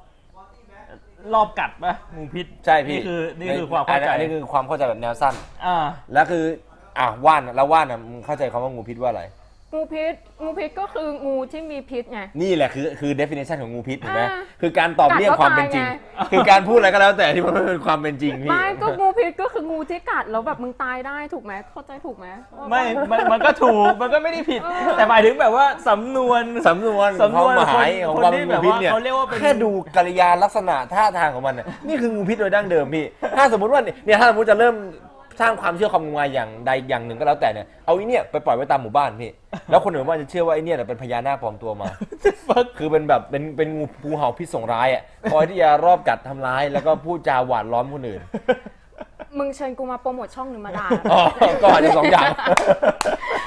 [SPEAKER 2] รอบกัดปะงูพิษ
[SPEAKER 1] ใช่พี่
[SPEAKER 2] นี่คือนี่คือความเข้าใจ
[SPEAKER 1] อันนี้คือความเข้าใจแบบแนวสั้น
[SPEAKER 2] อ่า
[SPEAKER 1] แล้วคือ อ่ะว่านแล้วว่านอ่ะมึงเข้าใจคำว่างูพิษว่าอะไร
[SPEAKER 3] งูพิษ งูพิษก็คืองูที่มีพิษไง
[SPEAKER 1] นี่แหละคือคือ definition ของงูพิษถูกไหม
[SPEAKER 3] อ่า
[SPEAKER 1] คือการตอบเลี่ยงความเป็นจริง
[SPEAKER 3] กัดแล้วตายไง
[SPEAKER 1] คือการพูดอะไรก็แล้วแต่ที่มันไม่เป็นความเป็นจริงพี่
[SPEAKER 3] ไม่ก็งูพิษก็คืองูที่กัดแล้วแบบมึงตายได้ถูกไหมเข้าใจถูกไหมว่า
[SPEAKER 2] ไม่มันมันก็ถูก มันก็ไม่ได้ผิด แต่หมายถึงแบบว่าสำนวน
[SPEAKER 1] สำนวน
[SPEAKER 2] สำนวน
[SPEAKER 1] ความหมาย
[SPEAKER 2] คน
[SPEAKER 1] ของความเป็น
[SPEAKER 2] คน
[SPEAKER 1] งู
[SPEAKER 2] ที่
[SPEAKER 1] พิษเนี่ย
[SPEAKER 2] แบบว่าเขาเรียกว่าเป็น
[SPEAKER 1] แค่ดูกริยาลักษณะท่าทางของมันน่ะนี่คืองูพิษโดยดั้งเดิมพี่ถ้าสมมติว่าเนี่ยเนี่ยถ้าสมมติจะเริ่มสร้างความเชื่อความงมงายอย่างใดอย่างหนึ่งก็แล้วแต่เนี่ยเอาไอ้เนี่ยไปปล่อยไว้ตามหมู่บ้านพี่แล้วคนอื่นหมู่บ้านจะเชื่อว่าไอ้เนี่ยน่ะเป็นพญานาคปลอมตัวมา คือเป็นแบบเป็นเป็นงูภูเห่าพิษส่งร้ายอ่ะคอยที่จะรอบกัดทำร้าย แล้วก็พูดจาหวานล้อมคนอื่น
[SPEAKER 3] มึงเชิญกูมาโปรโมทช่องหรือมาด่า
[SPEAKER 1] อ๋อก็อาจจะสองอย่าง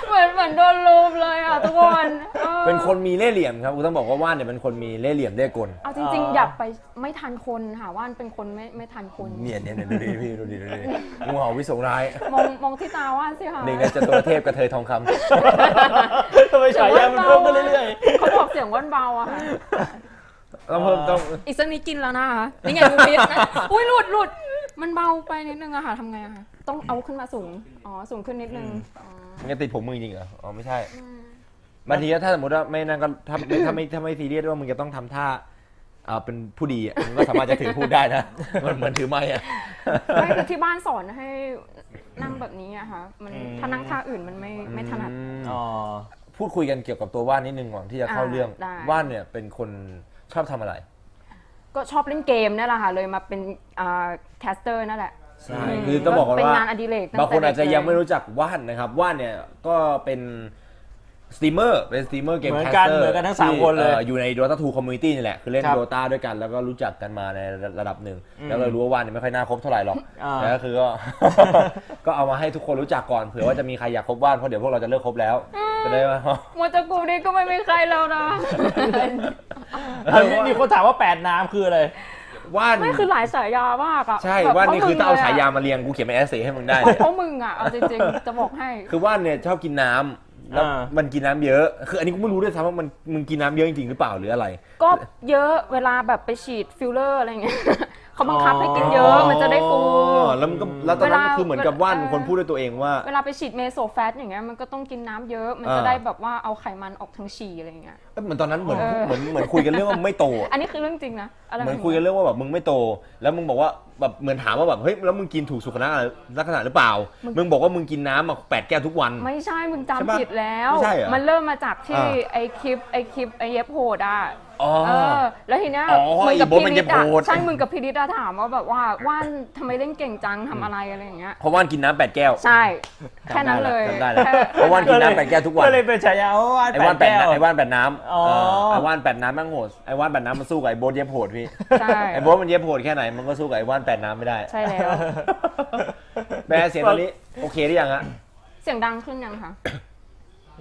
[SPEAKER 3] เหมือนเหมือนโดนลูมเลยอ่ะทุกคนออ
[SPEAKER 1] เป็นคนมีเล่ห์เหลี่ยมครับกูต้องบอกว่าว่านเนี่ยเป็นคนมีเล่ห์เหลี่ยมเล่ห์กล
[SPEAKER 3] เอาจริง ๆ อย่าไปไม่ทันคนค่ะว่านเป็นคนไม่ไม่ทันคน
[SPEAKER 1] เนี่ยเนี่ยเนี่ยดูดิพี่ดูดิดูดิงูเห่าวิสงร้าย
[SPEAKER 3] มองมองที่ตาว่านสิค่ะ
[SPEAKER 1] หนึ่งในจตุรเทพกระเทยทองค
[SPEAKER 2] ทำไมฉายามันเพิ่มขึ้นเรื่อยๆ
[SPEAKER 3] เขาบอกเสียงว่านเบาอะค่ะ
[SPEAKER 1] ำต้องเพิ่มต้อง
[SPEAKER 3] อีกสักนิดกินแล้วนะคะนี่ไงงูพิษนะอุ้ยหลุดหลุดมันเบาไปนิดนึงอะค่ะทำไงอะคะต้องเอาขึ้นมาสูงอ๋อสูงขึ้นนิดนึงอ๋อ
[SPEAKER 1] งั้นติดผมมึงจริงเหรออ๋อไม่ใช่บางทีถ้าสมมติว่าไม่นั่นก็ถ้าไม่ถ้าไม่ถ้าไม่ซีเรียสว่ามึงจะต้องทำท่าอ่าเป็นผู้ดีอ่ะมึงก็สามารถจะถือพูดได้ นะมันเหมือนถือไม้อ่ะ
[SPEAKER 3] ไม่คือที่บ้านสอนให้นั่งแบบนี้อะค่ะมันถ้านั่งท่าอื่นมันไม่ไม่ถนัด
[SPEAKER 2] อ๋อ
[SPEAKER 1] พูดคุยกันเกี่ยวกับตัวว่านนิดนึงก่อนที่จะเข้าเรื่อง
[SPEAKER 3] อ่าได้
[SPEAKER 1] ว่านเนี่ยเป็นคนชอบทำอะไร
[SPEAKER 3] ก็ชอบเล่นเกมนั่นแหละค่ะเลยมาเป็นอ่าแคสเตอร์นั่นแหละ
[SPEAKER 1] ใช่คือต้องบอกก่อน
[SPEAKER 3] เป็
[SPEAKER 1] ว่าง
[SPEAKER 3] นานอดิเรกตั้งแต่
[SPEAKER 1] บางคนอาจจะยังไม่
[SPEAKER 3] เด็กเลย
[SPEAKER 1] รู้จักว่านนะครับว่านเนี่ยก็เป็นสตรีมเมอร์เป็นสตรีมเมอร์เกม
[SPEAKER 2] เหมื
[SPEAKER 1] แค
[SPEAKER 2] อ
[SPEAKER 1] ส
[SPEAKER 2] นกัน
[SPEAKER 1] เตอร์
[SPEAKER 2] เหมือนกันทั้งสามคนเลย
[SPEAKER 1] อยู่ใน Dota 2 Community นี่แหละ คือเล่น
[SPEAKER 2] ครับ
[SPEAKER 1] Dota ด้วยกันแล้วก็รู้จักกันมาในระดับหนึ่ง แล้วเรารู้ว่าว่านเนี่ยไม่ค่อยน่าคบเท่าไหร่หรอก
[SPEAKER 2] อ่า
[SPEAKER 1] แล้วก็คือก็ ก็เอามาให้ทุกคนรู้จักก่อนเผื่อว่าจะมีใครอยากคบว่านเพราะเดี๋ยวพวกเราจะเลิกคบแล้วจะได้ว่า
[SPEAKER 3] มัวแตะกูนี่ก็ไม่มีใครแล้ว นะ
[SPEAKER 2] อันนี้มีคนถามว่าแปดน้ำคืออะไร
[SPEAKER 1] ว่าน
[SPEAKER 3] ไม่คือหลายสายยามากอะ
[SPEAKER 1] ใช่
[SPEAKER 3] แบบ
[SPEAKER 1] ว่านนี่คือต้องเอา
[SPEAKER 3] พระ
[SPEAKER 1] ฉายา
[SPEAKER 3] มึงล
[SPEAKER 1] มาเรียงกูเขียนเป็นเอเซให้มึงได้
[SPEAKER 3] ะ
[SPEAKER 1] เนี่ย
[SPEAKER 3] เพราะมึงอะเอาจริงๆ จะบอกให้
[SPEAKER 1] คือว่านเนี่ยชอบกินน้ำแล้ว
[SPEAKER 2] อ่ามั
[SPEAKER 1] มันกินน้ำเยอะ คืออันนี้กูไม่รู้ด้วยซ้ำว่ามันมึงกินน้ำเยอะจริงๆหรือเปล่าหรืออะไร
[SPEAKER 3] ก็เยอะเวลาแบบไปฉีดฟิลเลอร์อะไรเงี้ย เขาบังคับให้กินเยอะมันจะได้ฟู
[SPEAKER 1] อ๋อแล้วมันก็แล้วตอนนั้น
[SPEAKER 3] เวลา
[SPEAKER 1] คือเหมือนกับว่าน
[SPEAKER 3] เวลา
[SPEAKER 1] คนพูดด้วยตัวเองว่า
[SPEAKER 3] เวลาไปฉีดเมโซแฟตอย่างเงี้ยมันก็ต้องกินน้ำเยอะ มันจะ
[SPEAKER 1] อ่า
[SPEAKER 3] ได้แบบว่าเอาไขมันออกทางฉี่อะไรเงี้ย
[SPEAKER 1] เอ้ยเหมือนตอนนั้นเหมือน
[SPEAKER 3] เออ
[SPEAKER 1] เหมือนเหมือนคุยกันเรื่องว่าไม่โตอะ
[SPEAKER 3] อันนี้คือเรื่องจริงนะอะไร
[SPEAKER 1] เห
[SPEAKER 3] แบ
[SPEAKER 1] มื
[SPEAKER 3] บ
[SPEAKER 1] อน
[SPEAKER 3] นี้
[SPEAKER 1] คุยกันเรื่องว่าแบบมึงไม่โต แล้วมึงบอกว่าแบบเหมือนถามว่าแบบเฮ้ยแล้วมึงกินถูกสุขลักษณะหรือเปล่า มึงบอกว่ามึงกินน้ำมาแปดแก้วทุกวัน
[SPEAKER 3] ไม่ใช่มึง
[SPEAKER 1] ใช่
[SPEAKER 3] จำ
[SPEAKER 1] ปะ
[SPEAKER 3] ผิดแล้ว
[SPEAKER 1] ไม่ใช่เหรอ
[SPEAKER 3] มันเริ่มมาจากที่
[SPEAKER 1] อ่า
[SPEAKER 3] ไอคลิปไอคลิปไอเย็บโหดอะ
[SPEAKER 1] อ๋อ
[SPEAKER 3] เออแล้วทีเนี้ย
[SPEAKER 1] อ๋อ
[SPEAKER 3] มึงกั
[SPEAKER 1] ไอ้
[SPEAKER 3] บ
[SPEAKER 1] โบ๊ท
[SPEAKER 3] พี่
[SPEAKER 1] มัน
[SPEAKER 3] นิด
[SPEAKER 1] จะ
[SPEAKER 3] อะ
[SPEAKER 1] โพสต์
[SPEAKER 3] ใช่มึงกับพี่นิดอะถามว่าแบบว่าว่านทำไมเล่นเก่งจังทำอะไรอะไรอย่างเงี้ย
[SPEAKER 1] เพราะว่านกินน้ำแปดแก้ว
[SPEAKER 3] ใช่แค่นั้นเลย
[SPEAKER 1] จำได้แล้ว
[SPEAKER 3] แค่
[SPEAKER 1] เพราะว่านกินน้ำแปดแก้วทุกวัน
[SPEAKER 2] ก็เลยเป็นฉายาว่า
[SPEAKER 1] ไอ้ว่าน
[SPEAKER 2] แป
[SPEAKER 1] แป
[SPEAKER 2] ด
[SPEAKER 1] ด
[SPEAKER 2] แก้ว
[SPEAKER 1] น้ำไอ้ว่านแปดน้ำ
[SPEAKER 2] อ๋อ
[SPEAKER 1] เออไอ้ว่านแปดน้ำแม่งโหดไอ้ว่านแปดน้ำมันสู้กับไอ้โบ๊ทเย็บโหดพี่
[SPEAKER 3] ใช่
[SPEAKER 1] ไอ้โบ๊ทมันเย็บโหดแค่ไหนมันก็สู้กับไอ้ว่านแปดน้ำไม่ได้
[SPEAKER 3] ใช่แล้ว
[SPEAKER 1] แม่เสียงตอนนี้โอเคหรือยังฮะ
[SPEAKER 3] เสียงดังขึ้นยังคะ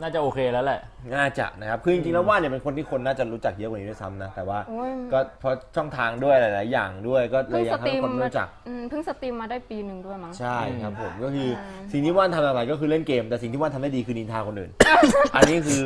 [SPEAKER 2] น่าจะโอเคแล้วแหละ
[SPEAKER 1] น่าจะนะครับคือจริงๆแล้วว่านเนี่ยเป็นคนที่คนน่าจะรู้จักเยอะกว่านี้ด้วยซ้ำนะแต่ว่า
[SPEAKER 3] โอ้ย
[SPEAKER 1] ก็เพราะช่องทางด้วยหลาย ๆ อย่างด้วยก็เล
[SPEAKER 3] เพิ่
[SPEAKER 1] ยอ
[SPEAKER 3] งส
[SPEAKER 1] ยาก
[SPEAKER 3] ต
[SPEAKER 1] ให้
[SPEAKER 3] รีม
[SPEAKER 1] คนรู้จัก
[SPEAKER 3] อืมเพิ่งสตรีมมาได้ปีหนึ่งด้วยมั้ง
[SPEAKER 1] ใช่ครับผมก็คือสิ่งที่ว่านทำอะไรก็คือเล่นเกม แต่สิ่งที่ว่านทำได้ดีคือนินทาคนอื่น อัน นี้คือ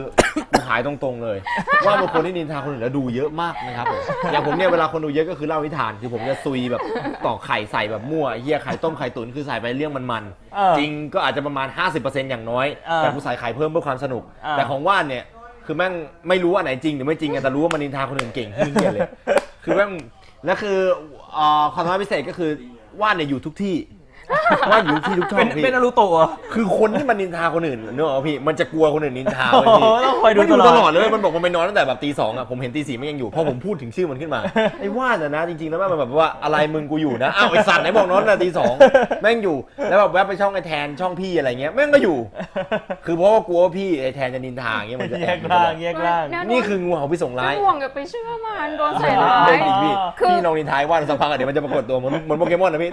[SPEAKER 1] หายตรงๆเลย ว่าเป็นคนที่นินทาคนอื่นแล้วดูเยอะมากนะครับผมอย่างผมเนี่ยเวลาคนดูเยอะก็คือเล่านิทานคือผมจะซุยแบบตอกไข่ใส่แบบมั่วเหี้ยไข่ต้มไข่ตุ๋นคือใส่ไปเรื่องมัน
[SPEAKER 2] เออ
[SPEAKER 1] ๆจริงก็อาจจะประมาณ 50%อย่างน้อย
[SPEAKER 2] เออ
[SPEAKER 1] แต่กูใส่ไข่เพิ่มเพื่อความสนุก
[SPEAKER 2] เออ
[SPEAKER 1] แต่ของว่านเนี่ยคือแม่งไม่รู้ว่าไหนจริงหรือไม่จริงไงแต่รู้ว่ามันนินทาคนอื่นเก่งขึ้นเหี้ยเลยคือแม่งแล้วคือเอ่อความสามารถพิเศษก็คือว่านเนี่ยอยู่ทุกที่ ว่าอยู่ที่ทุกช่อ
[SPEAKER 2] เป็น
[SPEAKER 1] งพี่
[SPEAKER 2] เป็นอรุโตะเหรอ
[SPEAKER 1] คือคนที่มันนินทาคนอื่นเนกอะพี่ มันจะกลัวคนอื่นนินทาเว้ย
[SPEAKER 2] โอ้
[SPEAKER 1] พี่
[SPEAKER 2] โหต้องคอยดู
[SPEAKER 1] มันอยู่
[SPEAKER 2] ตลอด
[SPEAKER 1] ตลอดเลยเว้ยมันบอกมันไปนอนตั้งแต่แบบตีสองอะผมเห็นตีสี่มันยังอยู่ พอผมพูดถึงชื่อมันขึ้นมา ไอ้ว่านอะนะ จริงๆแล้วมันแบบว่าอะไรมึงกูอยู่นะ อ้าวไอ้สัตว์ไหนบอกนอนตั้งแต่ตีสองแม่งอยู่ แล้วแบบแวะไปช่องไอ้แทนช่องพี่อะไรเงี้ยแม่งก็อยู่ คือเพราะว่ากลัวว่าพี่ไอ้แทนจะนินทาอย่างเงี้ยมันจะ
[SPEAKER 2] แย
[SPEAKER 1] แอบ
[SPEAKER 2] ก
[SPEAKER 1] อยู่ตล
[SPEAKER 2] ล่า
[SPEAKER 1] อง ด
[SPEAKER 2] แยกล่าง
[SPEAKER 3] แนว
[SPEAKER 1] นี่คืองูเห่าพี่ส่งร้าย
[SPEAKER 3] ไม่ห่วงอย่าไปเชื่อมันโดนใส่
[SPEAKER 1] ไม่
[SPEAKER 3] ร้า
[SPEAKER 1] ได้
[SPEAKER 3] ย
[SPEAKER 1] จริงพี่
[SPEAKER 3] คือ
[SPEAKER 1] พี่ลองนินทายว่านสักพักอะเดี๋ยวมันจะปรากฏตัวเหมือนเหมือนโปเกมอนนะพี่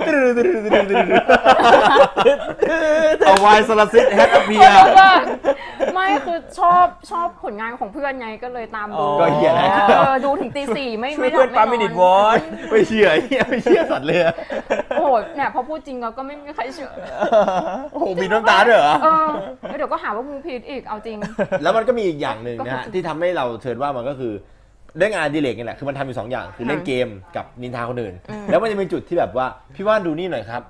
[SPEAKER 1] เอาไวายสลัดซิดแฮกเพีย
[SPEAKER 3] ไม่คือชอบชอบผลงานของเพื่อนไงก็เลยตามดู
[SPEAKER 2] อ๋อ
[SPEAKER 1] ก็เหี้ยแล้ว
[SPEAKER 3] เออดูถึงตีสี่ไม่
[SPEAKER 2] ช่ว
[SPEAKER 3] ไม่
[SPEAKER 2] ย
[SPEAKER 3] หลับ
[SPEAKER 2] เพื่อนปั๊มมินิดวอ
[SPEAKER 3] อน
[SPEAKER 1] ไม่เชื่อไอ้เหี้ยไม่เชื่อสัตว์เลยอะ
[SPEAKER 3] โอ้โหเนี่ยพอพูดจริงเราก็ไม่มีใครเชื่อ
[SPEAKER 1] โอ้โหมีน้ำตาด้วยเหรอ
[SPEAKER 3] เออแล้วเดี๋ยวก็หาว่างูพิษอีก เอาจริง
[SPEAKER 1] แล้วมันก็มีอีกอย่างหนึ่งนะ
[SPEAKER 3] ก็
[SPEAKER 1] ฮะ
[SPEAKER 3] คือ
[SPEAKER 1] ที่ทำให้เราเชิญว่ามันก็คือเรื่องงานอดีเลกนี่แหละคือมันทำอยู่สองอย่างคือเล่นเกมกับนินทาคนอื่น แล้วมันจะมีจุดที่แบบว่าพี่ว่านดูนี่หน่อยครับ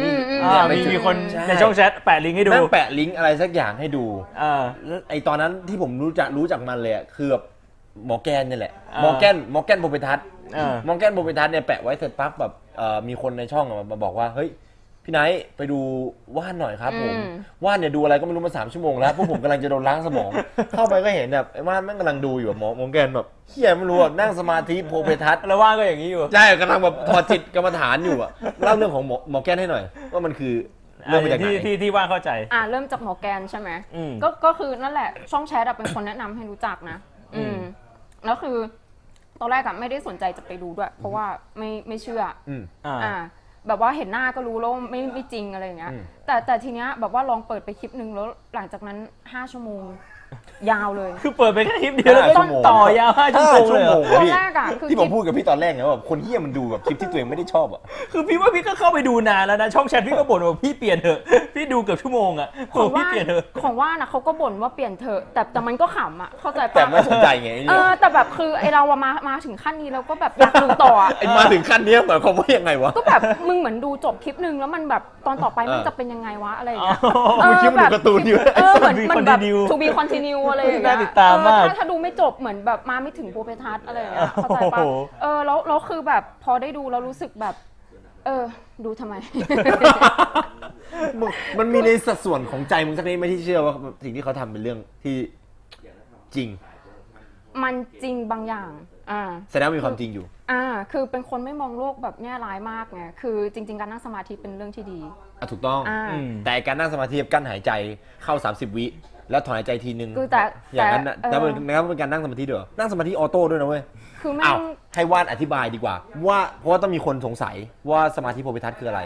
[SPEAKER 3] อืมอืม
[SPEAKER 2] อ่ามีมีคน
[SPEAKER 1] ใช่
[SPEAKER 2] ในช่องแชทแปะลิงก์ให้ดู
[SPEAKER 1] นั่งแปะลิงก์อะไรสักอย่างให้ดู
[SPEAKER 2] เออ
[SPEAKER 1] แล้วไอตอนนั้นที่ผมรู้จักรู้จักมันเลยอะคือแบบหมอแกนเนี่ยแหละ
[SPEAKER 2] อ่า
[SPEAKER 1] หมอแกนหมอแกนโบเปทัศน์
[SPEAKER 2] อ่า
[SPEAKER 1] หมอแกนโบเปทัศน์เนี่ยแปะไว้เสร็จปั๊บแบบเอ่อมีคนในช่องอะมาบอกว่าเฮ้ยพี่ไนท์ไปดูว่านหน่อยครับผม
[SPEAKER 3] อืม
[SPEAKER 1] ว่านเนี่ยดูอะไรก็ไม่รู้มาสามชั่วโมงแล้วพวกผมกำลังจะโดนล้างสมอง เข้าไปก็เห็นแบบไอ้ว่านแม่งกำลังดูอยู่อะหมอหมอแกนแบบเฮียไม่รู้อะนั่งสมาธิโบเปทัศน์
[SPEAKER 2] แล้วว่างก็อย่างนี้อยู่
[SPEAKER 1] ใช่กำลังแบบถอดจิตกรรมฐานอยู่อะเล่าเรื่องของหมอหมอแกนให้หน่อย ว่ามันคือเรื่องมาจากไหน
[SPEAKER 2] ที่ที่ที่ว่างเข้าใจ
[SPEAKER 3] อ่าเริ่มจากหมอแกนใช่ไหม
[SPEAKER 2] อืม
[SPEAKER 3] ก็ก็คือนั่นแหละช่องแชทอะเป็นคนแนะนำให้รู้จักนะ อื
[SPEAKER 2] อื
[SPEAKER 3] ม
[SPEAKER 2] ม
[SPEAKER 3] แล้วคือ ตอนแรกอะไม่ได้สนใจจะไปดูด้วย เพราะว่าไม่ไม่เชื่อ
[SPEAKER 1] อืม
[SPEAKER 2] อ่า
[SPEAKER 3] อ่า แบบว่าเห็นหน้าก็รู้แล้วว่าไม่ไม่จริงอะไรอย่างเงี้ย
[SPEAKER 1] อืม
[SPEAKER 3] แต่แต่ทีเนี้ยแบบว่าลองเปิดไปคลิปหนึ่งแล้วหลังจากนั้นห้าชั่วโมง ยาวเลย
[SPEAKER 2] คือเปิดไปแค่คลิปเดียวแล้ว
[SPEAKER 1] ห้า
[SPEAKER 2] ก็
[SPEAKER 1] ชั่วโมง
[SPEAKER 2] ต่อยาวห้าชั่วโมงเลยเหรอ
[SPEAKER 3] ตอน
[SPEAKER 1] พี่
[SPEAKER 3] แรกอะคือ
[SPEAKER 1] ที่ผม
[SPEAKER 3] คิด
[SPEAKER 1] พูดกับพี่ตอนแรกไงว่าแบบคนเฮี้ยมันดูแบบคลิปที่ตัวเองไม่ได้ชอบอ่ะ
[SPEAKER 2] คือพี่ว่าพี่ก็เข้าไปดูนานแล้วนะ ช่องแชทพี่ก็บ่นว่าพี่เปลี่ยนเถอะ พี่ดูเกือบชั่วโมงอ่ะ
[SPEAKER 3] ข
[SPEAKER 2] โอ้
[SPEAKER 3] อง
[SPEAKER 2] พี่
[SPEAKER 3] ว่า
[SPEAKER 2] เปลี่ยนเถอะ
[SPEAKER 3] ของว่านะเขาก็บ่นว่าเปลี่ยนเถอะแต่แต่มันก็ขำอะเข้าใจ
[SPEAKER 1] แต่
[SPEAKER 3] ปะ
[SPEAKER 1] ไม่สนใจไงไอ้
[SPEAKER 3] เอ
[SPEAKER 1] เนี่ย
[SPEAKER 3] อแต่แบบคือไอเราอะมามาถึงขั้นนี้เราก็แบบอยากดูต่ออะ
[SPEAKER 1] ไอ้มาถึงขั้นเนี้ยหมายความว่ายังไงวะ
[SPEAKER 3] ก็แบบมึงเหมือนดูจบคลิปนึงแล้วมันแบบตอนต่อไปมันจะเป็นยังไงวะอะไรอย่างเงี้ย
[SPEAKER 1] เมื่อกี้มันดูการ์ตูนอยู่
[SPEAKER 3] เออเห มือ
[SPEAKER 2] To be
[SPEAKER 3] นมันแบบ
[SPEAKER 2] continue
[SPEAKER 3] to be continue อะไรอย่างเงี้ย
[SPEAKER 2] น่าติดตามมาก
[SPEAKER 3] เออถ้ถ้าดูไม่จบเหมือนแบบมาไม่ถึงโบเปทัสอะไรอย่างเงี้ยเข้าใจปะ
[SPEAKER 2] โอ้โห
[SPEAKER 3] เออแล้วแล้วคือแบบพอได้ดูแล้วรู้สึกแบบ เออ ดู ทำไม
[SPEAKER 1] มึงมันมีในสัดส่วนของใจมึงสักนิดไหม่ที่เชื่อว่าสิ่งที่เขาทำเป็นเรื่องที่จริง
[SPEAKER 3] มันจริงบางอย่าง อ่า
[SPEAKER 1] แสดงว่ามีความจริงอยู่
[SPEAKER 3] อ่า คือเป็นคนไม่มองโลกแบบแง่ร้ายมากไง คือจริง ๆ การนั่งสมาธิเป็นเรื่องที่ดี
[SPEAKER 1] อ่ะถูกต้อง
[SPEAKER 3] อ่า
[SPEAKER 2] อืม
[SPEAKER 1] แต่การนั่งสมาธิกับกั้นหายใจเข้า 30 วิแล้วถอนหายใจทีนึง
[SPEAKER 3] คือแต่
[SPEAKER 1] อย่างนั้นนะ
[SPEAKER 3] แต่เออ
[SPEAKER 1] แล้วมันนะครับมันเป็นการนั่งสมาธิด้วยเหรอนั่งสมาธิออโต้ด้วยนะเว้ย
[SPEAKER 3] คือแม่
[SPEAKER 1] อ้าว
[SPEAKER 3] ง
[SPEAKER 1] ให้วาดอธิบายดีกว่า ว่าเพราะว่าต้องมีคนสงสัยว่าสมาธิโพธิทัศน์คือ อะไร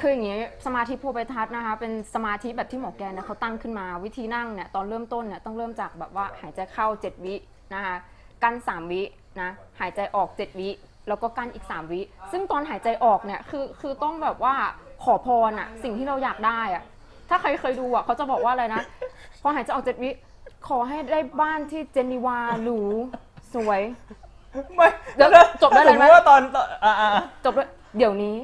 [SPEAKER 3] คืออย่างนี้สมาธิโพเปทัศน์นะคะเป็นสมาธิแบบที่หมอแกนนะเขาตั้งขึ้นมาวิธีนั่งเนี่ยตอนเริ่มต้นเนี่ยต้องเริ่มจากแบบว่าหายใจเข้า 7 วินะคะกั้น3 วินะหายใจออก 7 วิแล้วก็กั้นอีก 3 วิ ซึ่งตอนหายใจออกเนี่ยคือคือต้องแบบว่าขอพรอะสิ่งที่เราอยากได้อะถ้าใครเคยดูอะเขาจะบอกว่าอะไรนะ พอหายใจออก 7 วิขอให้ได้บ้านที่เจนีวาหรูสวย
[SPEAKER 2] ไม่
[SPEAKER 3] เดี๋ยวจบได้เลยไหม
[SPEAKER 2] สมมติว่าตอนตอนอ่าอ่า
[SPEAKER 3] จบด้วยเดี๋ยวนี้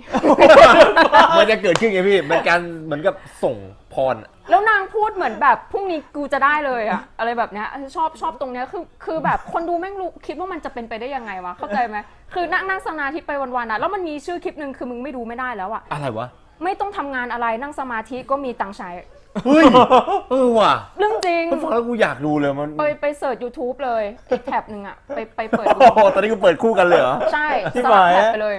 [SPEAKER 1] มันจะเกิดขึ้นไงพี่มันการเหมือนกับส่งพร
[SPEAKER 3] แล้วนางพูดเหมือนแบบพรุ่งนี้กูจะได้เลยอะ อะไรแบบเนี้ยชอบชอบตรงเนี้ยคือคือแบบคนดูแม่งรู้คิดว่ามันจะเป็นไปได้ยังไงวะเข้าใจไหมคือนั่งนั่งสมาธิไปวันๆนะแล้วมันมีชื่อคลิปหนึ่งคือมึงไม่ดูไม่ได้แล้วอะ
[SPEAKER 1] อะไรวะ
[SPEAKER 3] ไม่ต้องทำงานอะไรนั่งสมาธิก็มีตังค์ใช้
[SPEAKER 1] เฮ้ย เออว่ะ
[SPEAKER 3] เรื่องจริง
[SPEAKER 1] มันฟังแล้วกูอยากดูเลยมัน
[SPEAKER 3] ไปไปเสิร์ช YouTube เลยอีกแท็บหนึ่งอะไปไปเปิด
[SPEAKER 1] โอ้
[SPEAKER 3] ดู
[SPEAKER 1] โห ตอนนี้กูเปิดคู่กันเลยเหรอ
[SPEAKER 3] ใช่
[SPEAKER 2] ที่
[SPEAKER 3] สลับ
[SPEAKER 2] ไหนอะ
[SPEAKER 3] แท็บไปเลย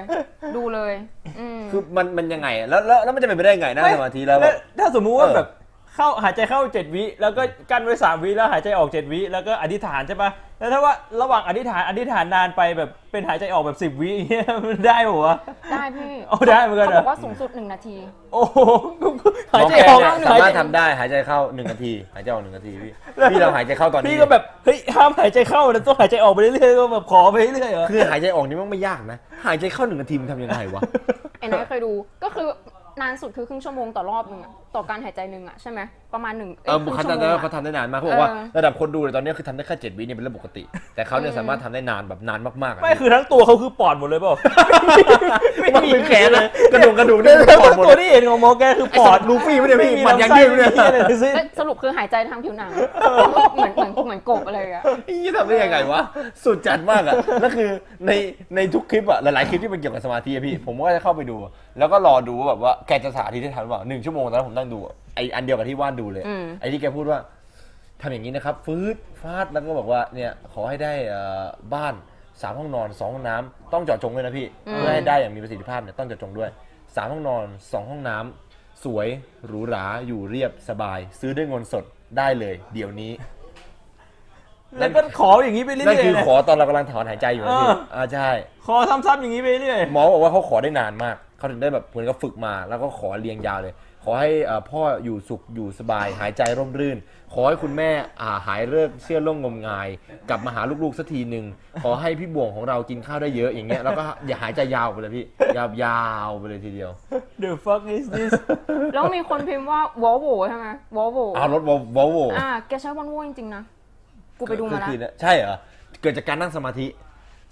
[SPEAKER 3] ดูเลย อืม
[SPEAKER 1] คือมันมันยังไงอะแล้วแล้วแล้วมันจะเป็นไปได้ไงนะสมาธิแล้วแบบ
[SPEAKER 2] ถ้าสมมุติว่า
[SPEAKER 1] เออ
[SPEAKER 2] แบบเข้าหายใจเข้าเจ็ดวิ แล้วก็กั้นไว้สามวิแล้วหายใจออกเจ็ดวิ แล้วก็อธิษฐานใช่ปะแล้วถ้าว่าระหว่างอธิษฐานอธิษฐานนานไปแบบเป็นหายใจออกแบบสิบวิ อย่างเงี้ยมันได้ปะวะ
[SPEAKER 3] ได้พี่
[SPEAKER 2] เอาได้เหมือนกันเหรอ
[SPEAKER 3] เขาบอกว่าสูงสุดหนึ่งนาที
[SPEAKER 2] โอ้โหหา
[SPEAKER 1] น้
[SPEAKER 2] ย
[SPEAKER 1] อง
[SPEAKER 2] ใจ
[SPEAKER 1] แก
[SPEAKER 2] ออก
[SPEAKER 1] เนี่ย
[SPEAKER 2] ห
[SPEAKER 1] สาย มารถ
[SPEAKER 2] ใจ
[SPEAKER 1] ทำได้หายใจเข้าหนึ่งนาที หายใจออกหนึ่งนาทีพี่พี่เราหายใจเข้าตอนนี้
[SPEAKER 2] พี่ก็แบบ เฮ้ย ห้ามหายใจเข้านะต้องหายใจออกไปเรื่อยๆก็แบบขอไปเรื่อยๆเหรอ
[SPEAKER 1] คือหายใจออกนี่มันไม่ยากนะ หายใจเข้าหนึ่งนาทีมันทำยังไงวะ
[SPEAKER 3] ไอ้นายเคยดูก็คือนานสุดคือครึ่งชั่วโมงต่อรอบหนึ่งอะต่อการหายใจหนึ่งอะใช่ไหมประมาณหนึ่ง
[SPEAKER 1] เอ
[SPEAKER 3] เอ้
[SPEAKER 1] อย
[SPEAKER 3] ค
[SPEAKER 1] บุ
[SPEAKER 3] รึ่ง
[SPEAKER 1] คลา
[SPEAKER 3] ชั่ว
[SPEAKER 1] ก
[SPEAKER 3] โม
[SPEAKER 1] รง เขา
[SPEAKER 3] อะ
[SPEAKER 1] ทำได้นานมากเขาบอกว่า
[SPEAKER 3] เออ
[SPEAKER 1] ระดับคนดูเนี่ยตอนนี้คือทำได้แค่เจ็ดวิเนี่ยเป็นเรื่องปกติ แต่เขาเนี่ยสามารถทำได้นานแบบนานมากๆอะ
[SPEAKER 2] ไม่คือทั้งตัวเขาคือปอดหมดเลยเปล่า ไม่
[SPEAKER 1] มัน
[SPEAKER 2] มี
[SPEAKER 1] เป็นแขนนะกระดูกกระดูก
[SPEAKER 2] แล้
[SPEAKER 1] นี่
[SPEAKER 2] ว
[SPEAKER 1] มันปอ
[SPEAKER 2] ทั้ง
[SPEAKER 1] ดหมด
[SPEAKER 2] ตัวที่เห็นของหมอแกคือปอด
[SPEAKER 1] ลูฟี่ไม่ได้พี่หมัดยาง
[SPEAKER 2] ลำไส้
[SPEAKER 1] ยืดเนี่ย
[SPEAKER 2] ไม่มีอะไรทั้งสิ้น
[SPEAKER 3] เอ้ยสรุปคือหายใจทางผิวหนังเหมือนเหมือนเหมือนกบอะไรอย่างเงี้ย
[SPEAKER 1] นี่ทำได้ยังไงวะ สุดจัดมากอะแล้วคือในในทุกคลิปอะหลายๆคลิปที่มันเกี่ยวกับสมาธิอะพี่ ผมก็จะเข้าไปดู แล้วก็รอดูว่าแบบว่าแกจะสาธิตให้ทันหรือเปล่าหนึ่งชั่วโมงตอนนั้นผมนั่งดูอะไออันเดียวกับที่ว่านดูเลย
[SPEAKER 3] อืม
[SPEAKER 1] ไอที่แกพูดว่าทำอย่างนี้นะครับฟืดฟาดแล้วก็บอกว่าเนี่ยขอให้ได้เอ่อบ้านสามห้องนอนสองห้องน้ำต้องเจาะจงด้วยนะพี่เพื่อให้ได้อย่างมีประสิทธิภาพเนี่ยต้องเจาะจงด้วยสามห้องนอนสองห้องน้ำสวยหรูหราอยู่เรียบสบาย ซื้อด้วยเงินสดได้เลย เดี๋ยวนี้
[SPEAKER 2] แล้วก็ขออย่างนี้ไปเรื่อย
[SPEAKER 1] นั่นคือ
[SPEAKER 2] ๆนะ
[SPEAKER 1] ขอตอนเรากำลังถอนหายใจอยู่นะพี่อ่าใช่
[SPEAKER 2] ขอซ้ำๆอย่างนี้ไปเรื่อย
[SPEAKER 1] หมอบอกว่าเขาขอได้นานมาก เขาถึงได้แบบเหมือนกับฝึกมา แล้วก็ขอเรียงยาวเลย ขอให้เอ่อพ่ออยู่สุขอยู่สบาย หายใจร่มรื่น ขอให้คุณแม่อ่าหายเลิกเชื่อล่มงมงาย กลับมาหาลูกๆสักทีหนึ่งขอให้พี่บ่วงของเรากินข้าวได้เยอะอย่างเงี้ย แล้วก็อย่าหายใจยาวไปเลยพี่ ยาวยาวๆไปเลยทีเดียว
[SPEAKER 2] ๆ The fuck is this
[SPEAKER 3] แล้วมีคนพิมพ์ว่าวอลโวใช่ไหมวอลโว
[SPEAKER 1] เอารถวอลวอลโว
[SPEAKER 3] อ่าแกใช้วอลโวจริงๆนะ กูไปดูมาแล้ว
[SPEAKER 1] คือคือเนี่ยใช่เหรอ เกิดจากการนั่งสมาธิ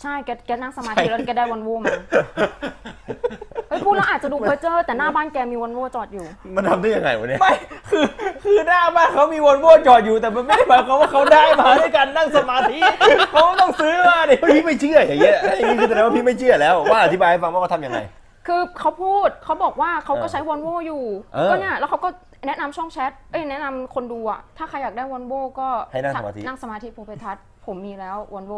[SPEAKER 3] ใช่แกแกนั่งสมาธิแล้วแกได้วันโวูมาเฮ้ยพูดแล้วอาจจะดูเพอเจอร์แต่หน้าบ้านแกมีวันโวูจอดอยู่
[SPEAKER 1] มันทำได้ยังไงวะเนี่ย
[SPEAKER 2] ไม่คือคือหน้าบ้านเขามีวอลโว่จอดอยู่แต่มันไม่ได้หมายความว่าเขาได้มาด้วยการนั่งสมาธิเขาต้องซื้อมาดิ
[SPEAKER 1] พี่ไม่เชื่ออย่างเงี้ยอย่างงี้คือแสดงว่าพี่ไม่เชื่อแล้วว่าอธิบายให้ฟังว่าเขาทำยังไง
[SPEAKER 3] คือเขาพูดเขาบอกว่าเขาก็
[SPEAKER 1] เออ
[SPEAKER 3] ใช้วอนโวอยู่
[SPEAKER 1] เออ
[SPEAKER 3] ก็เนี่ยแล้วเขาก็แนะนำช่องแชทเอ้ยแนะนำคนดูอะถ้าใครอยากได้วอนโวก็
[SPEAKER 1] ให้นั่งสมาธิ
[SPEAKER 3] นั่งสมาธิภูไปทัศน์ผมมีแล้ววอนโว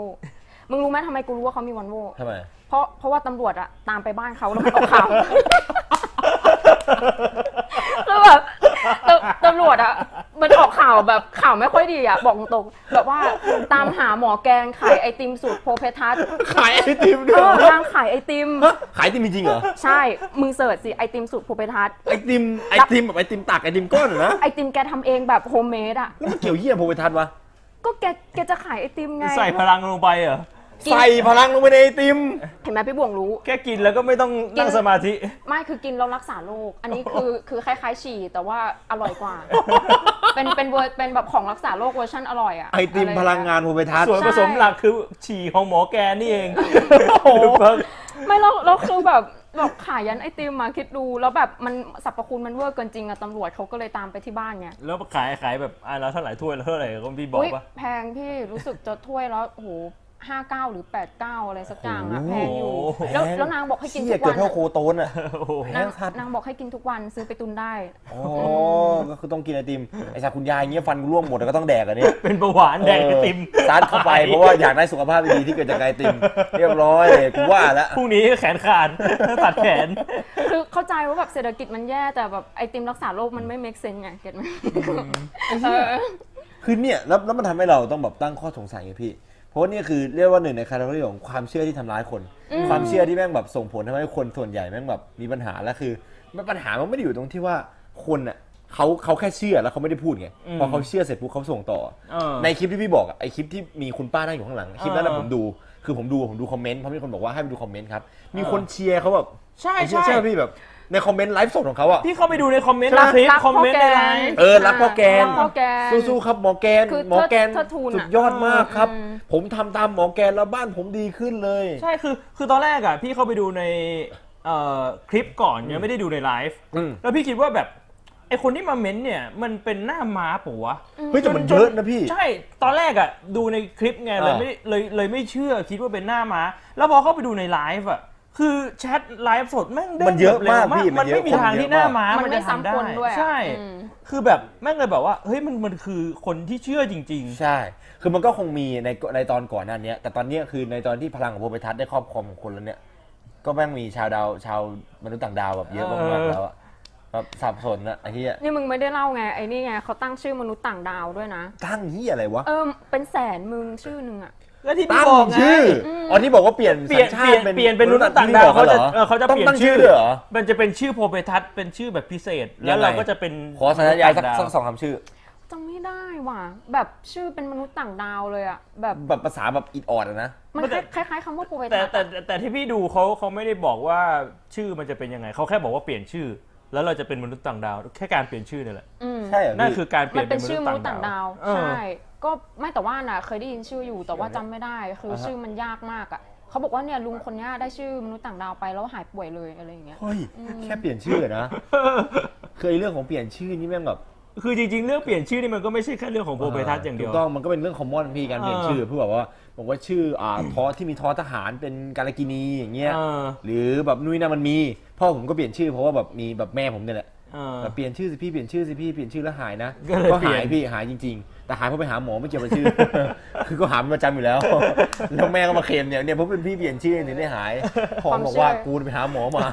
[SPEAKER 3] มึงรู้ไหมทำไมกูรู้ว่าเขามีวอนโว
[SPEAKER 1] ทำไม
[SPEAKER 3] เพราะเพราะว่าตำรวจอะตามไปบ้านเขาแล้วมันเอา ข่าวคือแบบตำตำรวจอะมันออกข่าวแบบข่าวไม่ค่อยดีอะบอกตรงๆแบบว่าตามหาหมอแกงขายไอติมสูตรโพเพทัส
[SPEAKER 1] ขายไอติมด้
[SPEAKER 3] เอ
[SPEAKER 1] วย
[SPEAKER 3] อ
[SPEAKER 1] เหรอน
[SPEAKER 3] างขายไอติม
[SPEAKER 1] ขายไอติมจริงเหรอ
[SPEAKER 3] ใช่ มึงเสิร์ชสิ ไอติมสูตรภูเปทัศน์
[SPEAKER 1] ไอติมไอติมแบบไอติมตักไอติมก้อนเหรอนะ
[SPEAKER 3] ไอติมแกทำเองแบบโฮมเมดอ่ะ
[SPEAKER 1] แล้วมันเกี่ยวเหี้ยโพเวทัศน์วะ
[SPEAKER 3] ก็แกแกจะขายไอติมไง
[SPEAKER 2] ใส่พลังลงไปเหรอ
[SPEAKER 3] กิน
[SPEAKER 1] ใส่พลังลงไปในไอติม
[SPEAKER 3] เห็นไหมพี่บ่วงรู้
[SPEAKER 2] แค่กินแล้วก็ไม่ต้องนั่งสมาธิ
[SPEAKER 3] ไม่คือกินแล้วรักษาโรค อันนี้คือคือคล้ายๆฉี่แต่ว่าอร่อยกว่า เป็นเป็นเวอร์เป็นแบบของรักษาโรคเวอร์ชันอร่อยอ่ะ
[SPEAKER 1] ไอติม
[SPEAKER 3] ะรย่
[SPEAKER 1] พ
[SPEAKER 3] เย
[SPEAKER 1] ลังงานโพเวทัศน์
[SPEAKER 2] ส่วนผสมหลักคือฉี่ของหมอแกนี่เอง โอ้โห
[SPEAKER 3] ไม่แล้วแล้วคือแบบแบบขายยันไอติมมาคิดดู แล้วแบบมันสรรพคุณมันเวอร์เกินจริงอะตำรวจเขาก็เลยตามไปที่บ้านไง
[SPEAKER 2] แล้วขายขายแบบอ่ะแล้วเท่าไหร่ถ้วยแล้วเท่าไหร่ก็พี่บอก
[SPEAKER 3] อุ๊ย
[SPEAKER 2] ปะ
[SPEAKER 3] แพงพี่รู้สึกจะถ้วยแล้วโอ้โหห้าเก้าหรือแปดเก้าอะไรสักอย่างอะ
[SPEAKER 1] โอ้
[SPEAKER 3] แพ
[SPEAKER 1] โห
[SPEAKER 3] งอยู่ แล้วแล้วนางบอกให้กิน
[SPEAKER 1] เหี้
[SPEAKER 3] ทุ
[SPEAKER 1] ย
[SPEAKER 3] ก
[SPEAKER 1] เกือบ
[SPEAKER 3] วัน
[SPEAKER 1] เท่า
[SPEAKER 3] อะ
[SPEAKER 1] โคโตนอ่ะ
[SPEAKER 2] โอ้โห
[SPEAKER 3] นาง
[SPEAKER 1] สัตว์
[SPEAKER 3] นางบอกให้กินทุกวันซื้อไปตุนได้
[SPEAKER 1] อ๋อ ก็คือต้องกินไอติม ไอชาคุณยายอย่างเงี้ยฟันกูร่วงหมดแล้วก็ต้องแดกอันเนี้ย
[SPEAKER 2] เป็นประหวานแดงไอติม
[SPEAKER 1] ซัดเข้าไปเพราะว่าอยากได้สุขภาพดีที่เกิดจากไอติม เรียบร้อยกูว่าแล้ว
[SPEAKER 2] พรุ่งนี้แขนขาดตัดแขน
[SPEAKER 3] คือเข้าใจว่าแบบเศรษฐกิจมันแย่แต่แบบไอติมรักษาโรคมันไม่เมคเซนไงเก็ตไหมเออ
[SPEAKER 1] คือเนี่ยแล้วแล้วมันทำให้เราต้องแบบตั้งข้อสงสัยไงพี่ เพราะว่านี่คือเรียกว่าหนึ่งในคาราเรีของความเชื่อที่ทำร้ายคน
[SPEAKER 3] อืม
[SPEAKER 1] ความเชื่อที่แม่งแบบส่งผลทำให้คนส่วนใหญ่แม่งแบบมีปัญหาแล้วคือมันปัญหามันไม่ได้อยู่ตรงที่ว่าคนอ่ะเขาเขาแค่เชื่อแล้วเขาไม่ได้พูดไง
[SPEAKER 2] อืม
[SPEAKER 1] พอเขาเชื่อเสร็จปุ๊บเขาส่งต่อ
[SPEAKER 2] เออ
[SPEAKER 1] ในคลิปที่พี่บอกอะไอคลิปที่มีคุณป้านั่งอยู่ข้างหลังคลิปนั้นอะ
[SPEAKER 2] เออ
[SPEAKER 1] ผมดู คือผมดูผมดูคอมเมนต์เพราะมีคนบอกว่าให้ไปดูคอมเมนต์ครับมี
[SPEAKER 2] เออ
[SPEAKER 1] คนเชียร์เขาแบบ
[SPEAKER 2] ใช่
[SPEAKER 1] เชียร์
[SPEAKER 2] ใช่
[SPEAKER 1] เชื่อพี่แบบในคอมเมนต์ไลฟ์สดของเขาอ่ะ
[SPEAKER 2] พี่เข้าไปดูในคอมเมนต์
[SPEAKER 1] ใช่
[SPEAKER 2] นะ
[SPEAKER 1] ไหม
[SPEAKER 2] คลิป
[SPEAKER 3] รัก
[SPEAKER 2] คอมเมนต์ในไลน์
[SPEAKER 1] เออรักพ่อแกน
[SPEAKER 3] รัพ่อแกน
[SPEAKER 1] สู้ๆครับหมอแกน
[SPEAKER 3] คือ
[SPEAKER 1] หมอแกน
[SPEAKER 3] เทิดทูนอะ
[SPEAKER 1] สุดยอดมากครับ
[SPEAKER 3] อืม
[SPEAKER 1] ผมทำตามหมอแกนแล้วบ้านผมดีขึ้นเลย
[SPEAKER 2] ใช่คือคือตอนแรกอ่ะพี่เข้าไปดูในเอ่อคลิปก่อนยังไม่ได้ดูในไลฟ์
[SPEAKER 1] อืม
[SPEAKER 2] แล้วพี่คิดว่าแบบไอคนที่มาเม้นเนี่ยมันเป็นหน้าม้าปะวะ
[SPEAKER 1] เฮ้ยแต่มันเยอะนะพี่
[SPEAKER 2] ใช่ ตอนแรกอะดูในคลิปไงเลย
[SPEAKER 1] อ่า
[SPEAKER 2] ไม่เลยเลยไม่เชื่อคิดว่าเป็นหน้าม้า แล้วพอเข้าไปดูในไลฟ์อะคือแชทไลฟ์สดแม่งเด้ง
[SPEAKER 1] มันเยอะ
[SPEAKER 2] แบบร็ว
[SPEAKER 1] มากพี่
[SPEAKER 2] มันไม่มี
[SPEAKER 1] มันเยอะ
[SPEAKER 2] ทางที่หน้าม้ามั
[SPEAKER 3] มั
[SPEAKER 2] น น
[SPEAKER 3] ไม่
[SPEAKER 2] จะทำได้
[SPEAKER 3] ซ้ำคนด้วยอะ
[SPEAKER 2] ใช่
[SPEAKER 3] อืม
[SPEAKER 2] คือแบบแม่งเลยแบบว่าเฮ้ยมันมันคือคนที่เชื่อจริง
[SPEAKER 1] ใช่ คือมันก็คงมีในในตอนก่อนหนั้นเนี้ย แต่ตอนเนี้ยคือในตอนที่พลังของโพเปทัศน์ได้ครอบครองของคนแล้วเนี่ย ก็แม่งมีชาวดาวชาวมนุษย์ต่างดาวแบบเยอะมากๆแล้วอะแบบสับสนอะไอ้เหี้ย
[SPEAKER 3] นี่มึงไม่ได้เล่าไงไอ้นี่ไงเขาตั้งชื่อมนุษย์ต่างดาวด้วยนะ
[SPEAKER 1] ตั้งเหี้ยอะไรวะ
[SPEAKER 3] เออเป็นแสนมึงชื่อหนึ่งอะ
[SPEAKER 2] ๆ แล้วที่พี่
[SPEAKER 1] ตั้ง
[SPEAKER 2] บอกไง
[SPEAKER 1] ชื่ออ๋อที่บอกว่าเปลี่ยน
[SPEAKER 2] เปลี่ยน
[SPEAKER 1] สัญชาติ
[SPEAKER 2] เปลี่ยนเป็นมนุษย์ต่างดาวเขาจะเออเขาจะ
[SPEAKER 1] ต้อง
[SPEAKER 2] เปลี่ยน
[SPEAKER 1] ตั้งชื่
[SPEAKER 2] ชื่อ
[SPEAKER 1] อด้วยเหรอ
[SPEAKER 2] มันจะเป็นชื่อโพเปทัศน์เป็นชื่อแบบพิเศษ แล้ว
[SPEAKER 1] ยังไง
[SPEAKER 2] เราก็จะเป็น
[SPEAKER 1] ขอสัญญาณสัก
[SPEAKER 2] ดว
[SPEAKER 1] สักสองคำชื่อ
[SPEAKER 3] จำไม่ได้ว่ะ แบบชื่อเป็นมนุษย์ต่างดาวเลยอะแบบ
[SPEAKER 1] แบบภาษาแบบอิดออดอะนะ
[SPEAKER 3] มันคล้ายๆคำว่าภูเป
[SPEAKER 2] แต่
[SPEAKER 3] ทัศน์
[SPEAKER 2] แต่แต่แต่ที่พี่ดูเขาเขาไม่ได้บอกว่าชื่อมันจะเป็นยังไงเขาแค่บอกว่าเปลี่ยนชื่อ แล้วเราจะเป็นมนุษย์ต่างดาว แค่การเปลี่ยนชื่อเนี่ยแหละ
[SPEAKER 3] อืม
[SPEAKER 1] ใช่เหรอ
[SPEAKER 2] นั่น
[SPEAKER 1] พี่
[SPEAKER 2] คือการเป
[SPEAKER 3] มั
[SPEAKER 2] ลี่ย
[SPEAKER 3] น
[SPEAKER 2] น
[SPEAKER 3] เป็
[SPEAKER 2] เป็น
[SPEAKER 3] น
[SPEAKER 2] มนุ
[SPEAKER 3] ชื่
[SPEAKER 2] ษ
[SPEAKER 3] อ
[SPEAKER 2] ย์
[SPEAKER 3] ม
[SPEAKER 2] ต่าง
[SPEAKER 3] นุษย์ต่าง
[SPEAKER 2] ดา
[SPEAKER 3] ดาว ว ใช่ ก็ไม่แต่ว่าน่ะเคยได้ยินชื่ออยู่แต่ว่าจำไม่ได้คืออชื่อมันยากมากอ่ะเขาบอกว่าเนี่ยลุงคนเนี้ยได้ชื่อมนุษย์ต่างดาวไปแล้วหายป่วยเลยอะไรอย่างเงี้ย
[SPEAKER 1] เฮ้ย แค่เปลี่ยนชื่อนะ เคยเรื่องของเปลี่ยนชื่อนี่แม่งแบบ
[SPEAKER 2] คือจริงๆ เรื่องเปลี่ยนชื่อนี่มันก็ไม่ใช่แค่เรื่องของโบเปทัสอย่างเดียว
[SPEAKER 1] ถูกต้องมันก็เป็นเรื่องคอมมอนพี่การเปลี่ยนชื่อเพื่อแบบว่าบอกว่าชื่ออ่าทอที่มีทอทหารเป็นการกินีอย่างเงี้ย
[SPEAKER 2] เออ
[SPEAKER 1] หรือแบบนุ้ยนะมันมีพ่อผมก็เปลี่ยนชื่อเพราะว่าแบบมีแบบแม่ผมเนี่ยแหละ
[SPEAKER 2] เออ
[SPEAKER 1] แบบเปลี่ยนชื่อสิพี่เปลี่ยนชื่อสิพี่เปลี่ยนชื่อแล้วหายนะ
[SPEAKER 2] ก็เลยเปลี่
[SPEAKER 1] หายย
[SPEAKER 2] น
[SPEAKER 1] พี่หายจริง ๆ แต่หายเพราะไปหาหมอไม่เกี่ยวกับชื่อ คือก็หาเป็นประจำอยู่แล้ว แล้วแม่ก็มาเคลมเนี่ยเนี่ยเพราะเป็นพี่เปลี่ยนชื่อถึงได้หายพ่อ
[SPEAKER 3] ความ
[SPEAKER 1] บอกว่า
[SPEAKER 3] เชื่อ
[SPEAKER 1] กูไปหาหมอมา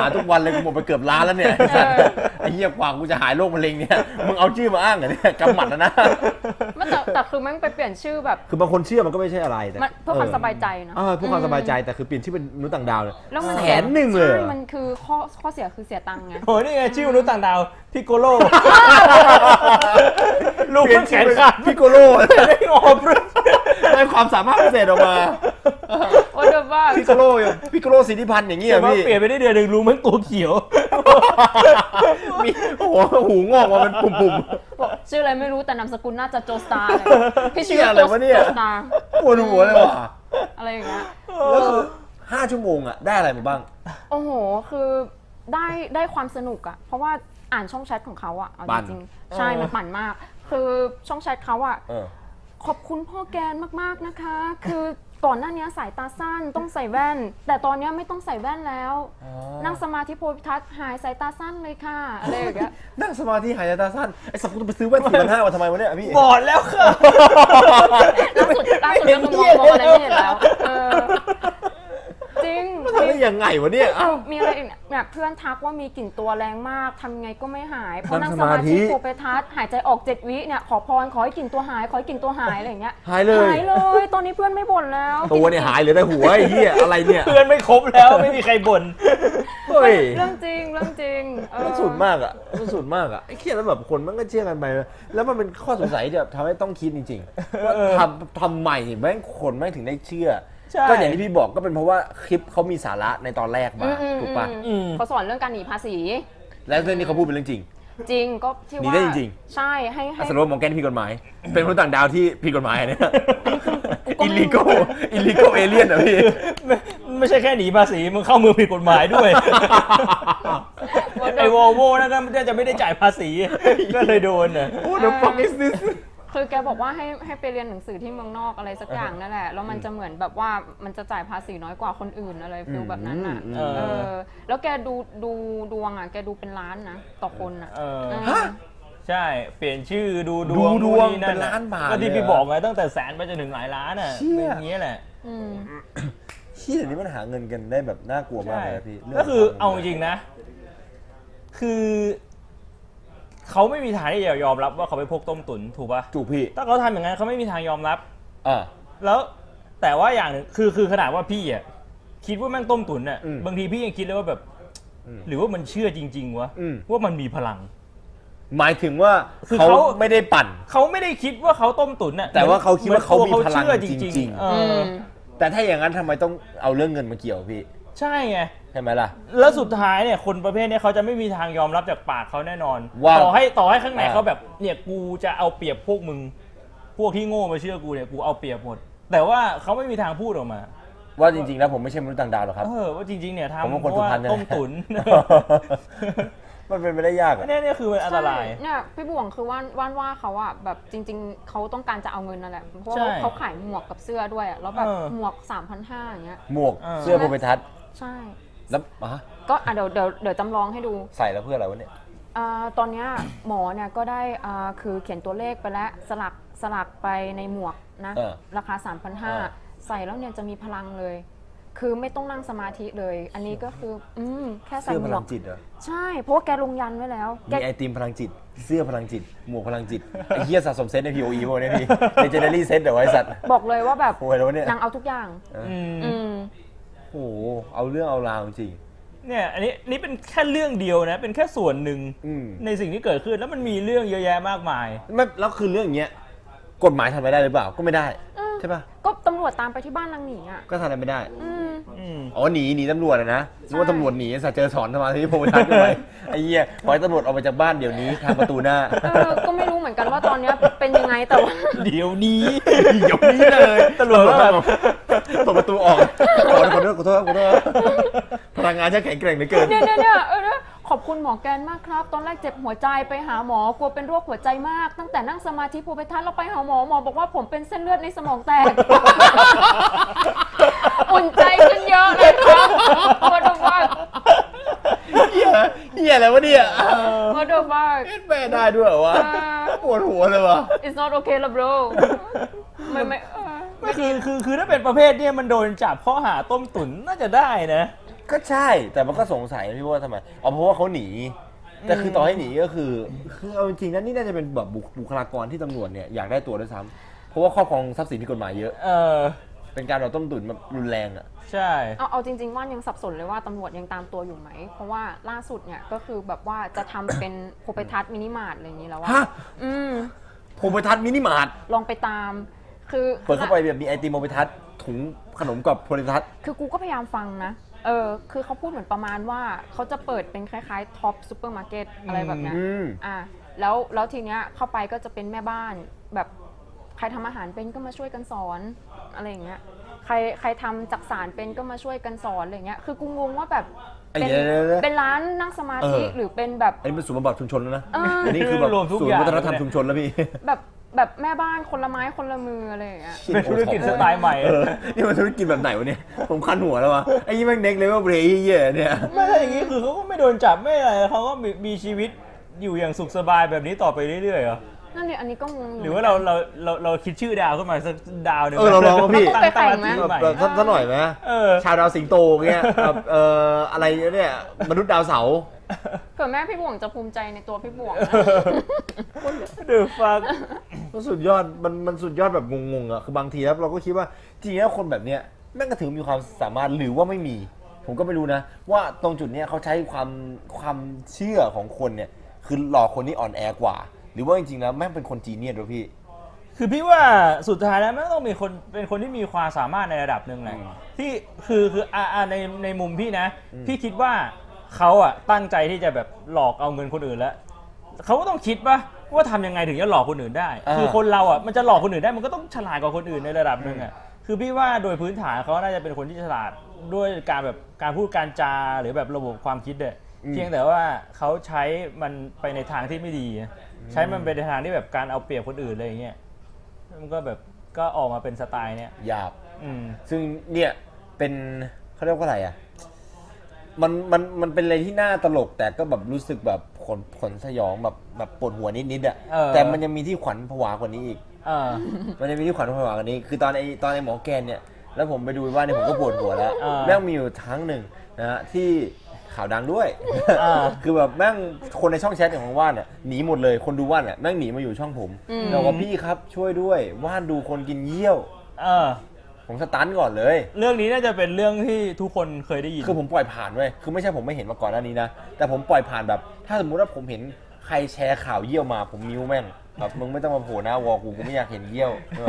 [SPEAKER 1] หาทุกวันเลยกูหมดไปเกือบล้านแล้ว เนี่ย
[SPEAKER 3] เออ
[SPEAKER 1] ไอ้เหี้ยกว่ากูจะหายโรคมะเร็งเนี่ย มึงเอาชื่อมาอ้างเหรอเนี่ยกำหมัดแล้วนะ
[SPEAKER 3] ไม่แต่แต่คือมันไปเปลี่ยนชื่อแบบ
[SPEAKER 1] คือบางคนเชื่อมันก็ไม่ใช่อะไรแต่
[SPEAKER 3] มันเพื่อความสบายใจนะ
[SPEAKER 1] เออเพื่อความสบายใจแต่คือเปลี่ยนชื่อเป็นมนุษย์ต่างดาวเนี่ย
[SPEAKER 3] แล้วมัน
[SPEAKER 1] แส
[SPEAKER 3] เสีย
[SPEAKER 1] นหนึ่งเลยเหร
[SPEAKER 3] ใช่
[SPEAKER 1] อ
[SPEAKER 3] มันคือข้อข้อเสียคือเสียตังค์ไง
[SPEAKER 2] โหนี่ไงชื่อมนุษย์ต่างดาวพิโกโล ลูกมันแขนขาด
[SPEAKER 1] พิโกโล
[SPEAKER 2] ไม่งอบเลย
[SPEAKER 1] ได้ความสามารถพิเศษออกมา
[SPEAKER 3] โอ้เดบ้า
[SPEAKER 1] พิโกโลอย่างพิโกโลสิทธิพันธ์อย่างเงี้ย
[SPEAKER 2] แต่ว่า
[SPEAKER 1] พี่
[SPEAKER 2] เปลี่ยนไปได้เดือนหนึ่งรู้มันตัวเขียว
[SPEAKER 1] มีโอ้โหหูงอกมาเป็นปุ่ม
[SPEAKER 3] บอกชื่อ อะไรไม่รู้แต่นามสกุลน่าจะโจสตาร์เลยพี่ชื่
[SPEAKER 1] เหี้ยอะไรวะเนี่ย
[SPEAKER 3] โจสตาร์
[SPEAKER 1] ๆปวดหัวเลยว่ะ
[SPEAKER 3] อะไรอย่างเงี้ย
[SPEAKER 1] แล้วคือห้าชั่วโมงอะได้อะไรมาบ้าง
[SPEAKER 3] โอ้โห คือได้ได้ความสนุกอะเพราะว่าอ่านช่องแชทของเขาอะเอา
[SPEAKER 1] ปั่
[SPEAKER 3] จ
[SPEAKER 1] น
[SPEAKER 3] ริงๆ ใช่ มันปั่นมาก คือช่องแชทเขาอะ
[SPEAKER 1] เออ
[SPEAKER 3] ขอบคุณพ่อแกนมากๆนะคะ คือก่อนหน้านี้สายตาสั้นต้องใส่แว่น แต่ตอนนี้ไม่ต้องใส่แว่นแล้ว นั่งสมาธิโพธิทัศน์หายสายตาสั้นเลยค่ะอะไรอย่างเงี้ย
[SPEAKER 1] นั่งสมาธิหายใจตาสั้นไอ้สักคนไปซื้อแว่นสี่พันห้ามาทำไมวะเนี่ยพี่
[SPEAKER 2] บอดแล้วค่ะ
[SPEAKER 3] ล่าสุดล่าสุดก็คือมองมองอะไรไม่เห็นแล้วเออจริง
[SPEAKER 1] มันทำได้ยังไงวะเนี่ยอ้าว
[SPEAKER 3] มีอะไรอีกเนี่ยแบบเพื่อนทักว่ามีกลิ่นตัวแรงมากทำไงก็ไม่หายเพราะนั่ง
[SPEAKER 1] นั่ง
[SPEAKER 3] ส
[SPEAKER 1] ส
[SPEAKER 3] มา
[SPEAKER 1] มาธิ
[SPEAKER 3] ธิโคเปทัสหายใจออกเจ็ดวิเนี่ยขอพรขอให้กลิ่นตัวหายขอให้กลิ่นตัวหายอะไรอย่างเงี้ย
[SPEAKER 1] หายเลย
[SPEAKER 3] หายเลยตอนนี้เพื่อนไม่บ่นแล้ว
[SPEAKER 1] ตัวเนี่ยหายเหลือแต่หัวไอ้เหี้ยอะไรเนี่ย
[SPEAKER 2] เพื่อนไม่ครบแล้วไม่มีใครบ่น
[SPEAKER 1] เฮ้ย
[SPEAKER 3] เรื่องจริงเรื่องจริงเออ
[SPEAKER 1] มันสุดมากอ่ะมันสุดมากอ่ะไอ้เหี้ยแล้วแบบคนมันก็เชื่อกันไปแล้วมันเป็นข้อสงสัยที่แบบทำให้ต้องคิดจริงๆว่าทำทำใหม่แม่งคนแม่งถึงได้เชื่อ
[SPEAKER 2] ใช่
[SPEAKER 1] ก็อย่างที่พี่บอกก็เป็นเพราะว่าคลิปเขามีสาระในตอนแรกมา
[SPEAKER 3] อืมอืม
[SPEAKER 1] ถูกปะ
[SPEAKER 2] อื
[SPEAKER 3] อืม
[SPEAKER 2] ม
[SPEAKER 3] เขาสอนเรื่องการหนีภาษี
[SPEAKER 1] แล้วเรื่องนี้เขาพูดเป็นเรื่องจริง
[SPEAKER 3] จริงก็ที่
[SPEAKER 1] หนี
[SPEAKER 3] ว่า
[SPEAKER 1] ได้จริง
[SPEAKER 3] ใช่ให้ให้
[SPEAKER 1] อัสรุปว่ามองแกนผิดกฎหมาย เป็นมนุษย์ต่างดาวที่ผิดกฎหมายเนี่ย
[SPEAKER 3] กูก็
[SPEAKER 1] อิ
[SPEAKER 3] ไม่
[SPEAKER 1] ลิโก
[SPEAKER 3] รู้
[SPEAKER 1] อิลิโกเอเลียนอะพี่
[SPEAKER 2] ไม่ไม่ใช่แค่หนีภาษีมึงเข้าเมืองผิดกฎหมาย ด้วย ไอ้วอลโว่นั่นน่าจะไม่ได้จ่ายภาษี ก็เลยโดนน่ะ
[SPEAKER 1] What the fuck is this
[SPEAKER 3] คือแกบอกว่าให้ให้ไปเรียนหนังสือที่เมืองนอกอะไรสักอย่างนั่นแหละแล้วมันจะเหมือนแบบว่ามันจะจ่ายภาษีน้อยกว่าคนอื่นอะไรฟิลแบบนั้นอ่ะ
[SPEAKER 1] อืม
[SPEAKER 2] เออ
[SPEAKER 3] เออ แล้วแกดูดูดวงอ่ะแกดูเป็นล้านนะต่อคนอ่ะ
[SPEAKER 2] เออ
[SPEAKER 3] เออ
[SPEAKER 2] ใช่ เปลี่ยนชื่อดูด
[SPEAKER 1] ดู
[SPEAKER 2] วง
[SPEAKER 1] ดวง
[SPEAKER 2] นู่
[SPEAKER 1] เป็นล้านบาท
[SPEAKER 2] ก็ที่
[SPEAKER 1] เลย
[SPEAKER 2] พี่
[SPEAKER 1] เหรอ
[SPEAKER 2] บอกไงตั้งแต่แสนไปจนถึงหลายล้านอ่ะ
[SPEAKER 1] เชี่ย
[SPEAKER 2] เป็นอย่างนี้ยแหละ
[SPEAKER 3] อืม
[SPEAKER 1] ที่เดี๋ยวนี้มันหาเงินกันได้แบบน่ากลัวมาก
[SPEAKER 2] ใช่
[SPEAKER 1] เลยนะพี่
[SPEAKER 2] ก็คือเอาจริงๆนะ คือเขาไม่มีทางที่จะยอมรับว่าเขาไปพกต้มตุ๋นถูกป่ะ
[SPEAKER 1] จูบพี่
[SPEAKER 2] ถ้าเขาทำอย่างนั้นเขาไม่มีทางยอมรับ
[SPEAKER 1] อ่า
[SPEAKER 2] แล้วแต่ว่าอย่างหนึ่งคือคือขนาดว่าพี่อ่ะคิดว่าแม่งต้มตุ๋นอ่ะ
[SPEAKER 1] อืม
[SPEAKER 2] บางทีพี่ยังคิดเลยว่าแบบ
[SPEAKER 1] อืม
[SPEAKER 2] หรือว่ามันเชื่อจริง ๆวะ
[SPEAKER 1] อืม
[SPEAKER 2] ว่ามันมีพลัง
[SPEAKER 1] หมายถึงว่า
[SPEAKER 2] คือ
[SPEAKER 1] เขา
[SPEAKER 2] เขา
[SPEAKER 1] ไม่ได้ปั่น
[SPEAKER 2] เขาไม่ได้คิดว่าเขาต้มตุ๋นอ่ะ
[SPEAKER 1] แต่ว่าเขาคิดว่าเขามีพลัง
[SPEAKER 2] เหอนตัวเชื่อ
[SPEAKER 1] จริงๆ
[SPEAKER 2] ๆเอ
[SPEAKER 3] อื
[SPEAKER 2] อ
[SPEAKER 3] ม
[SPEAKER 2] อ
[SPEAKER 1] แต่ถ้าอย่างนั้นทำไมต้องเอาเรื่องเงินมาเกี่ยวพี่
[SPEAKER 2] ใช่ไง
[SPEAKER 1] ใช่ไหมล่ะ
[SPEAKER 2] แล้วสุดท้ายเนี่ยคนประเภทเนี้ยเขาจะไม่มีทางยอมรับจากปากเขาแน่นอน
[SPEAKER 1] ว่า
[SPEAKER 2] ต่อให้ต่อให้ข้างใน
[SPEAKER 1] อ่า
[SPEAKER 2] เขาแบบเนี่ยกูจะเอาเปรียบพวกมึง พวกที่โง่มาเชื่อกูเนี่ยกูเอาเปรียบหมด แต่ว่าเขาไม่มีทางพูดออกมา
[SPEAKER 1] ว่าจริงๆแล้วผมไม่ใช่มนุษย์ต่างดาวหรอกครับ
[SPEAKER 2] เออว่าจริง ๆเนี่ย
[SPEAKER 1] ผม
[SPEAKER 2] ทำ
[SPEAKER 1] เป็น
[SPEAKER 2] เพ
[SPEAKER 1] คน
[SPEAKER 2] ราะ
[SPEAKER 1] สุพ
[SPEAKER 2] ว่า
[SPEAKER 1] รรณเนี่ย
[SPEAKER 2] ต้ม ตุ๋น
[SPEAKER 1] มันเป็นไปได้ยาก
[SPEAKER 2] อั
[SPEAKER 1] อะ
[SPEAKER 2] นเนี้ยเนี่ยคือมันอันตราย
[SPEAKER 3] ใช่เนี่ยพี่บ่วงคือว่านว่านว่าเขาอ่ะแบบจริง ๆเขาต้องการจะเอาเงินนั่นแหละเพราะว่า
[SPEAKER 2] ใช่
[SPEAKER 3] เขาขายหมวกกับเสื้อด้วยอะแล้วแบบ
[SPEAKER 2] เออ
[SPEAKER 3] หมวก3,500อย่างเงี้ย
[SPEAKER 1] หมวก
[SPEAKER 2] เออ
[SPEAKER 1] เสื้อโพเปทัศน์
[SPEAKER 3] ใช่
[SPEAKER 1] แล้วอ่ะ
[SPEAKER 3] ก็อ่ะเดี๋ยวเดี๋ยวเดี๋ยวจำลองให้ดู
[SPEAKER 1] ใส่แล้วเพื่ออะไรวะเนี่ย
[SPEAKER 3] อาตอนเนี้ยหมอเนี่ยก็ได้อ่าคือเขียนตัวเลขไปแล้วสลักสลักไปในหมวกนะ
[SPEAKER 1] เออ
[SPEAKER 3] ราคา
[SPEAKER 1] เออ
[SPEAKER 3] 3,500 ใส่แล้วเนี่ยจะมีพลังเลย คือไม่ต้องนั่งสมาธิเลย อันนี้ก็คืออืมแค่ใส่
[SPEAKER 1] เสื้อ
[SPEAKER 3] ห
[SPEAKER 1] พ
[SPEAKER 3] มว
[SPEAKER 1] ลั
[SPEAKER 3] ก
[SPEAKER 1] งจิตเหรอ
[SPEAKER 3] ใช่ เพราะว่าแกลงยันไว้แล้วแก
[SPEAKER 1] มีไอติมพลังจิต เสื้อพลังจิต หมวกพลังจิต ไอ้เฮียสะสมเซตใน POE พวกเนี้ยพี่ ในเจเนอรี่เซตเดี๋ยวไอ้สัตว์
[SPEAKER 3] บอกเลยว่าแบบ
[SPEAKER 1] โอ้ยแล้ววะเนี่ย
[SPEAKER 3] นางเอาทุกอย่าง
[SPEAKER 2] อืม
[SPEAKER 3] อืม
[SPEAKER 1] โอ้โห เอาเรื่องเอาราวจริง
[SPEAKER 2] เนี่ยอันนี้นี่เป็นแค่เรื่องเดียวนะ เป็นแค่ส่วนหนึ่ง
[SPEAKER 1] อืม
[SPEAKER 2] ในสิ่งที่เกิดขึ้นแล้วมันมีเรื่องเยอะแยะมาก มาย
[SPEAKER 1] ไม่แล้วคือเรื่องเนี้ย กฎหมายทำอะไรได้หรือเปล่า ก็ไม่ได้
[SPEAKER 3] อืม
[SPEAKER 1] ใช่ป่ะ
[SPEAKER 3] ก็ตำรวจตามไปที่บ้านนางหนีอ่ะ
[SPEAKER 1] ก็ทำอะไรไม่ได้
[SPEAKER 3] อื ม
[SPEAKER 2] อืม
[SPEAKER 1] อ๋อ หนี หนีตำรวจอะนะนึกว่าตำรวจหนีไอ้สัตว์เจอสอนทำไมที่โพลทัศน์ไปไอ้เหี้ยขอให้ตำรวจออกไปจากบ้านเดี๋ยวนี้ทางประตูหน้า
[SPEAKER 3] เออ ก็ไม่รู้เหมือนกันว่าตอนเนี้ยเป็นยังไงแต่ว่า
[SPEAKER 2] เดี๋ยวนี้
[SPEAKER 1] เดี๋ยวนี้เลย
[SPEAKER 2] ตำรวจก็แบบ
[SPEAKER 1] เปิดประตูออกขอโทษขอโทษขอโทษขอโทษพลังงานช่างแข็งแกร่งเหลือเกิน
[SPEAKER 3] เนี่ยเนี่ยเนี่ยเออเนี่ยขอบคุณหมอแกนมากครับ ตอนแรกเจ็บหัวใจไปหาหมอกลัวเป็นโรคหัวใจมาก ตั้งแต่นั่งสมาธิภูไปทัศนเราไปหาหมอหมอบอกว่าผมเป็นเส้นเลือดในสมองแต ก อุ่นใจขึ้นเยอะเลยครับมาดูบ้าง
[SPEAKER 1] เหี้ยเหี้ยอะไรวะเนี่ย
[SPEAKER 3] มาดูบ้าง
[SPEAKER 1] เอ็ดแม่ได้ด้วยเหรอวะ
[SPEAKER 3] เออ
[SPEAKER 1] ปวดหัวเลยวะ
[SPEAKER 3] it's not okay ละ bro ไม่ไม่เออ
[SPEAKER 2] ไม่คือคือคือถ้าเป็นประเภทเนี่ยมันโดนจับข้อหาต้มตุ๋นน่าจะได้นะ
[SPEAKER 1] ก็ใช่ แต่มันก็สงสัยนะพี่ว่าทำไมอ๋อเพราะว่าเขาหนี แต่คือต่อให้หนีก็คือ คือเอาจริงๆนะนี่น่าจะเป็นแบบบุคบุคลากรที่ตำรวจเนี่ยอยากได้ตัวด้วยซ้ำเพราะว่าครอบครองทรัพย์สินผิดกฎหมายเยอะ
[SPEAKER 2] เออ
[SPEAKER 1] เป็นการเราต้มตุ๋นแบบรุนแรงอ่ะ
[SPEAKER 2] ใช่
[SPEAKER 3] เอาเอาจริง ๆ ว่านยังสับสนเลยว่าตำรวจยังตามตัวอยู่ไหม เพราะว่าล่าสุดเนี่ยก็คือแบบว่าจะทำเป็นโพไปทัศน์มินิมาร์ทอะไรอย่างนี้แล้วว่า
[SPEAKER 1] ฮะ
[SPEAKER 3] อืม
[SPEAKER 1] โพมไปทัศน์มินิมาร์ท
[SPEAKER 3] ลองไปตามคือ
[SPEAKER 1] เปิดเข้าไปแบบมีไอติมโพมไปทัศน์ถุงขนมกับโพมไปทัศน์
[SPEAKER 3] คือกูก็พยายามฟังนะ เออ คือเขาพูดเหมือนประมาณว่าเขาจะเปิดเป็นคล้ายๆท็อปซูเปอร์มาร์เก็ตอะไรแบบเนี้ย
[SPEAKER 1] อืม
[SPEAKER 3] อ่า แล้ว แล้วทีเนี้ยเข้าไปก็จะเป็นแม่บ้านแบบใครทำอาหารเป็นก็มาช่วยกันสอนอะไรอย่างเงี้ย ใครใครทำจักสารเป็นก็มาช่วยกันสอนอะไรเงี้ยคือกูงงว่าแบบ
[SPEAKER 1] ไอ้
[SPEAKER 3] เป็น
[SPEAKER 1] เดี๋ยวเดี๋ยวเดี๋ยว
[SPEAKER 3] เป็นร้านนั่งสมาธิ
[SPEAKER 1] เออ
[SPEAKER 3] หรือเป็นแบบ
[SPEAKER 1] อันนี้เป็นศูนย์บำบัดชุมชนแล้วนะ
[SPEAKER 3] เอออั
[SPEAKER 1] นนี้คือแบบ
[SPEAKER 2] รวมทุก
[SPEAKER 1] ศูน
[SPEAKER 2] อ
[SPEAKER 1] ย์
[SPEAKER 2] ย่าง
[SPEAKER 1] วัฒนธรรมชุมชนแล้วพี่
[SPEAKER 3] แบบแบบแม่บ้านคนละไม้คนละมืออะไรอย่างเงี้ย
[SPEAKER 2] เป็นธุรกิจสไตล์ใหม่
[SPEAKER 1] เออนี่มันธุรกิจแบบไหนวะเนี่ย ผมคันหัวแล้ววะไอ้ยี่แม่งเน็กเลยว่าเบรยเย่เนี่ย
[SPEAKER 2] ไม่ใช่อย่างนี้คือเขาก็ไม่โดนจับไม่อะไรเขาก็มีมีชีวิตอยู่อย่างสุขสบายแบบนี้ต่อไปเรื่อยๆเหรอ
[SPEAKER 3] นั่นเนี่ยอันนี้ก็งงยู่
[SPEAKER 2] หรือว่าเราเราเราเราคิดชื่อดาวขึ้นมาสักดาวหนึ่ง
[SPEAKER 1] เออเราลองว่าพี่
[SPEAKER 2] ตั้งตั้งตั้ง
[SPEAKER 3] เรา
[SPEAKER 2] ชื่อให
[SPEAKER 3] ต้องไป
[SPEAKER 2] ม่
[SPEAKER 3] แต่ง
[SPEAKER 1] ซะซะหน่อยไหม
[SPEAKER 2] เออ
[SPEAKER 1] ชาวดาวสิงโตเงี้ยแบบเอ่ออะไรเนี่ยมนุษย์ดาวเสาร์
[SPEAKER 3] เผื่อแม่พี่บ่วงจะภูมิใจในตัวพี่บ่วงนะ
[SPEAKER 2] The fuck
[SPEAKER 1] มันสุดยอดมันมันสุดยอดแบบงงๆอะคือบางทีแล้วเราก็คิดว่าจริงๆแล้วคนแบบเนี้ยแม่งก็ถือมีความสามารถหรือว่าไม่มี ผมก็ไม่รู้นะ ว่าตรงจุดเนี้ยเขาใช้ความความเชื่อของคนเนี่ย คือหลอกคนที่อ่อนแอกว่า หรือว่าจริงๆแล้วแม่งเป็นคนจีเนียสด้วยพี่
[SPEAKER 2] คือพี่ว่าสุดท้ายแล้วแม่งต้องมีคนเป็นคนที่มีความสามารถในระดับหนึ่งแหละ
[SPEAKER 1] อืม
[SPEAKER 2] ที่คือคืออ่าอ่าในในมุมพี่นะ พี่คิดว่าเขาอะตั้งใจที่จะแบบหลอกเอาเงินคนอื่นแล้วเขาก็ต้องคิดปะว่าทำยังไงถึงจะหลอกคนอื่นได้
[SPEAKER 1] อ่า
[SPEAKER 2] คือคนเราอะมันจะหลอกคนอื่นได้มันก็ต้องฉลาดกว่าคนอื่นในระดับหนึ่งอะคือพี่ว่าโดยพื้นฐานเขาน่าจะเป็นคนที่ฉลาดด้วยการแบบการพูดการจาหรือแบบระบบความคิดเนี่ยเพียงแต่ว่าเขาใช้มันไปในทางที่ไม่ดี ใช้มันไปในทางที่แบบการเอาเปรียบคนอื่นอะไรอย่างเงี้ย มันก็แบบก็ออกมาเป็นสไตล์เนี้ย
[SPEAKER 1] หยาบ
[SPEAKER 2] อืม
[SPEAKER 1] ซึ่งเนี่ยเป็นเขาเรียกว่าอะไรอะมันมันมันเป็นอะไรที่น่าตลกแต่ก็แบบรู้สึกแบบขนขนสยองแบบแบบปวดหัวนิดๆอะ
[SPEAKER 2] เออ
[SPEAKER 1] แต่มันยังมีที่ขวัญผวากว่านี้ อีก
[SPEAKER 2] เอ อ
[SPEAKER 1] มันจะมีที่ขวัญผวากันนี้คือตอนไอตอนไอหมอแกนเนี่ย แล้วผมไปดูว่าเนี่ยผมก็ปวดหัวแล้ว
[SPEAKER 2] อ่า
[SPEAKER 1] แม่งมีอยู่ครั้งหนึ่งนะฮะที่ข่าวดังด้วย
[SPEAKER 2] อ่า
[SPEAKER 1] คือแบบแม่งคนในช่องแชทของว่านเนี่ยหนีหมดเลยคนดูว่านเนี่ยแม่งหนีมาอยู่ช่องผม
[SPEAKER 3] อืม
[SPEAKER 1] เราก็พี่ครับช่วยด้วยว่านดูคนกินเยี่ยว
[SPEAKER 2] เออ
[SPEAKER 1] ผมสตันก่อนเลย
[SPEAKER 2] เรื่องนี้น่าจะเป็นเรื่องที่ทุกคนเคยได้ยิน
[SPEAKER 1] คือผมปล่อยผ่านเว้ยคือไม่ใช่ผมไม่เห็นมาก่อนหน้านี้นะ แต่ผมปล่อยผ่านแบบ ถ้าสมมุติว่าผมเห็นใครแชร์ข่าวเยี่ยวมาผมมิ้วแม่งแบบมึงไม่ต้องมาโผล่หน้าวอกูกูไม่อยากเห็นเยี่ยว เออ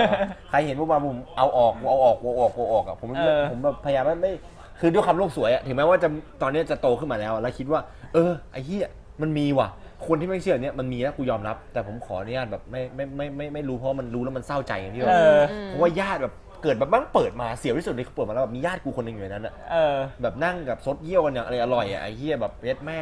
[SPEAKER 1] ใครเห็นพวกมาผมเอาออกกูเอาออกกูเอาออกกูเอาออกอะผม
[SPEAKER 2] เออ
[SPEAKER 1] ผมแบบพยายามไม่ไม่คือด้วยความโลกสวยอะถึงแม้ว่าจะตอนเนี้ยจะโตขึ้นมาแล้ว แล้วคิดว่า เออไอ้เหี้ยมันมีว่ะ คนที่ไม่เชื่อเนี่ยมันมีนะกูยอมรับ แต่ผมขออนุญาตแบบไม่ไม่ไม่ไม่ไม่รู้เพราะมันรู้แล้วมันเศร้าใจอย่างที่
[SPEAKER 2] เอ
[SPEAKER 1] เรา
[SPEAKER 2] อ
[SPEAKER 1] เพราะว่าญาติแบบเกิดแบบบ้างเปิดมาเสียวที่สุดเลยคือเปิดมาแล้วแบบมีญาติกูคนหนึ่งอยู่ในนั้นอะ
[SPEAKER 2] เออ
[SPEAKER 1] แบบนั่งกับซดเยี่ยวกันอย่างอะไรอร่อยอ่ะไอ้เหี้ยแบบเย็ดแม่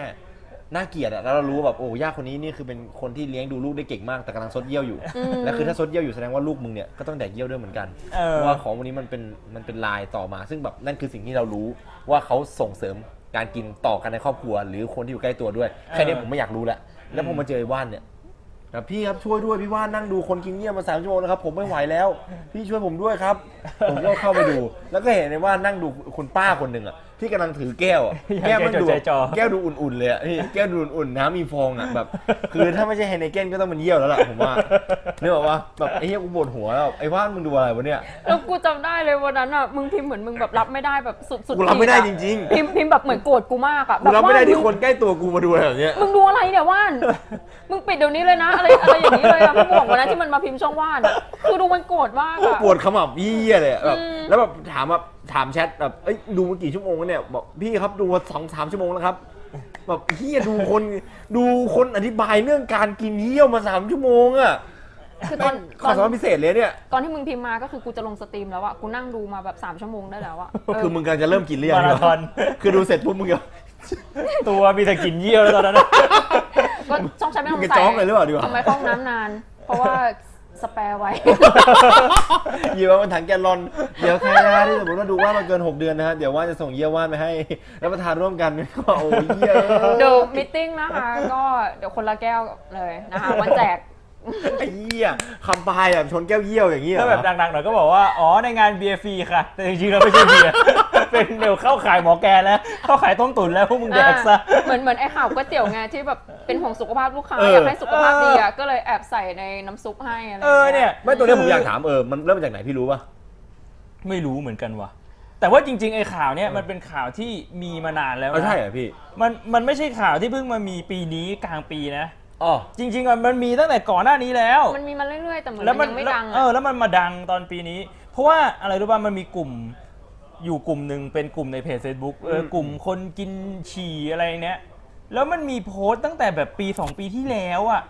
[SPEAKER 1] น่าเกลียดอ่ะแล้วเรารู้ว่าแบบโอ้ย่าคนนี้นี่คือเป็นคนที่เลี้ยงดูลูกได้เก่งมากแต่กำลังซดเยี่ยวอยู่
[SPEAKER 3] อืม
[SPEAKER 1] และคือถ้าซดเยี่ยวอยู่แสดงว่าลูกมึงเนี่ยก็ต้องแดกเยี่ยวด้วยเหมือนกัน
[SPEAKER 2] เออ
[SPEAKER 1] เพราะว่าของพวันนี้มันเป็นมันเป็นลายต่อมา ซึ่งแบบนั่นคือสิ่งที่เรารู้ว่าเขาส่งเสริมการกินต่อกันในครอบครัว หรือคนที่อยู่ใกล้ตัวด้วยแค่เนี้ยผมไม่อยากรู้แล้วแล้วพอมาเจอไอ้ว่านเนี่ย ครับพี่ครับช่วยด้วยพี่ว่านนั่งดูคนกินเยี่ยมมาสามชั่วโมงแล้วครับผมไม่ไหวแล้ว พี่ช่วยผมด้วยครับ ผมก็เข้าไปดู แล้วก็เห็นในว่านนั่งดูคุณป้าคนหนึ่งอ่ะที่กำลังถือแก้ วอะ
[SPEAKER 2] อยาก
[SPEAKER 1] แก้วมันดู
[SPEAKER 2] ใจจอ
[SPEAKER 1] แก้วดูอุ่นๆเลยอ่ะพี่แก้วดูอุ่นๆน้ำมีฟองอ่ะแบบ คือถ้าไม่ใช่ไฮเนเก้นก็ต้องเป็นเยี่ยวแล้วล่ะผมว่าเนี่ยบอกว่าแบบไอ้เหี้ยกูปวดหัวแล้วไอ้ว่านมึงดูอะไรวะเนี่ย
[SPEAKER 3] แล้วกูจำได้เลยวันนั้นอ่ะมึงพิมพ์เหมือนมึงแบบรับไม่ได้แบบสุดสุด
[SPEAKER 1] กูรับไม่ได้จ
[SPEAKER 3] ขีอะ
[SPEAKER 1] ริง
[SPEAKER 3] พิมพ์พิมพ์แบบเหมือนโกรธกูมากอ่ะ
[SPEAKER 1] ๆกูรับไม่ได้
[SPEAKER 3] แบบว่
[SPEAKER 1] ที่คนใกล้ตัวกูมาดูอะไรแบบเนี้ย
[SPEAKER 3] มึงมึงดูอะไรเนี่ยว่าน มึงปิดเดี๋ยวนี้เลยนะอะไรอะไรอย่างนี้เลยอ่ะพี่บ่วงวันนั้นที่มันมาพิมพ์ช่องว่านอะคือดูมันโกรธมากอ่ะ
[SPEAKER 1] ปวดขมับเยี่ยเลยอะแบบ
[SPEAKER 3] อืม
[SPEAKER 1] แล้วแบบถามแบบถามแชทแบบเอ้ยดูมากี่ชั่วโมงแล้วเนี่ยบอกพี่ครับดูมาสองสามชั่วโมงแล้วครับแบบเฮียดูคนดูคนอธิบายเรื่องการกินเยี่ยวมาสามชั่วโมงอะ
[SPEAKER 3] คือตอน
[SPEAKER 1] ข้อสามารถพิเศษเลยเนี่ย
[SPEAKER 3] ตอนที่มึงพิมพ์มาก็คือกูจะลงสตรีมแล้วอ่ะกูนั่งดูมาแบบสามชั่วโมงได้แล้วอ่ะเออ
[SPEAKER 1] คือมึงกำลังจะเริ่มกินเรีย
[SPEAKER 2] มาราธอน
[SPEAKER 1] คือดูเสร็จปุ๊บมึงก็
[SPEAKER 2] ตัวมีแต่กลิ่นเยี่ยวแล้วตอนนั้นอะ
[SPEAKER 3] ก็ช่องใช้ไม่
[SPEAKER 1] มึ
[SPEAKER 3] ต้อง ง
[SPEAKER 1] จะ
[SPEAKER 3] ใส่
[SPEAKER 1] จ้องเลยหรือเปล่าดีกว่า
[SPEAKER 3] ทำไมเข้าห้องน้ำนาน เพราะว่าสแปร์ไว้
[SPEAKER 1] เยี่ยวมันถังแกลลอนเดี๋ยวใครนะที่สมมติว่าดูว่าเราเกินหกเดือนนะฮะเดี๋ยวว่าจะส่งเยี่ยวว่านไปให้รับประทานร่วมกันก็โอ้ยเยี่ย
[SPEAKER 3] เดี๋ยวมิทติ้งนะคะ ก็เดี๋ยวคนละแก้วเลยนะคะวันแจก
[SPEAKER 1] ไอ้เยี่ยคำพายแบบชนแก้วเยี่ยวอย่างเงี้ยเหร
[SPEAKER 2] ถ้า
[SPEAKER 1] อ
[SPEAKER 2] แบบดังๆหน่อยก็บอกว่า อ๋อในงานเบียร์ฟรีค่ะ แต่จริงๆเราไม่ใช่เบียร์ เป็นเดี๋ยวเข้าขายหมอแกนแล้ว เข้าขายต้มตุ๋นแล้วพวกมึงแดกซะ
[SPEAKER 3] เหมือนเหมือนไอ้ข่าวก๋วยเตี๋ยวไงที่แบบเป็นห่วงสุขภาพลูกค้า
[SPEAKER 1] เอออ
[SPEAKER 3] อยากให้สุขภาพดีอ่ะ ก็เลยแอบใส่ในน้ำซุปให้อะไร
[SPEAKER 2] เออเนี่ย
[SPEAKER 1] ไม่ตัวเนี้ยผมอยากถามเออ มันเริ่มมาจากไหนพี่รู้ป่ะ
[SPEAKER 2] ไม่รู้เหมือนกันว่ะ แต่ว่าจริง ๆ ไอ้ข่าวเนี่ยมันเป็นข่าวที่มีมานานแล้ว
[SPEAKER 1] เอา
[SPEAKER 2] นะ
[SPEAKER 1] ใช่เหรอพี่
[SPEAKER 2] มันมันไม่ใช่ข่าวที่เพิ่งมามีปีนี้กลางปีนะ
[SPEAKER 1] อ๋อ
[SPEAKER 2] จริงๆอะมันมีตั้งแต่ก่อนหน้านี้แล้ว
[SPEAKER 3] มันมีมาเรื่อยๆ แต่เหมือน
[SPEAKER 2] แล้วมั
[SPEAKER 3] มั
[SPEAKER 2] น น
[SPEAKER 3] ยังไม่
[SPEAKER 2] แล้ว
[SPEAKER 3] ดัง
[SPEAKER 2] เอ
[SPEAKER 3] อ่ะ
[SPEAKER 2] อแล้วมันมาดังตอนปีนี้ เพราะว่าอะไรรู้ป่ะมันมีกลุ่มอยู่กลุ่มหนึ่งเป็นกลุ่มในเพจ Facebook เอออกลุ่มคนกินฉี่อะไรเนี้ยแล้วมันมีโพสต์ตั้งแต่แบบปี 2 ปีที่แล้วอะ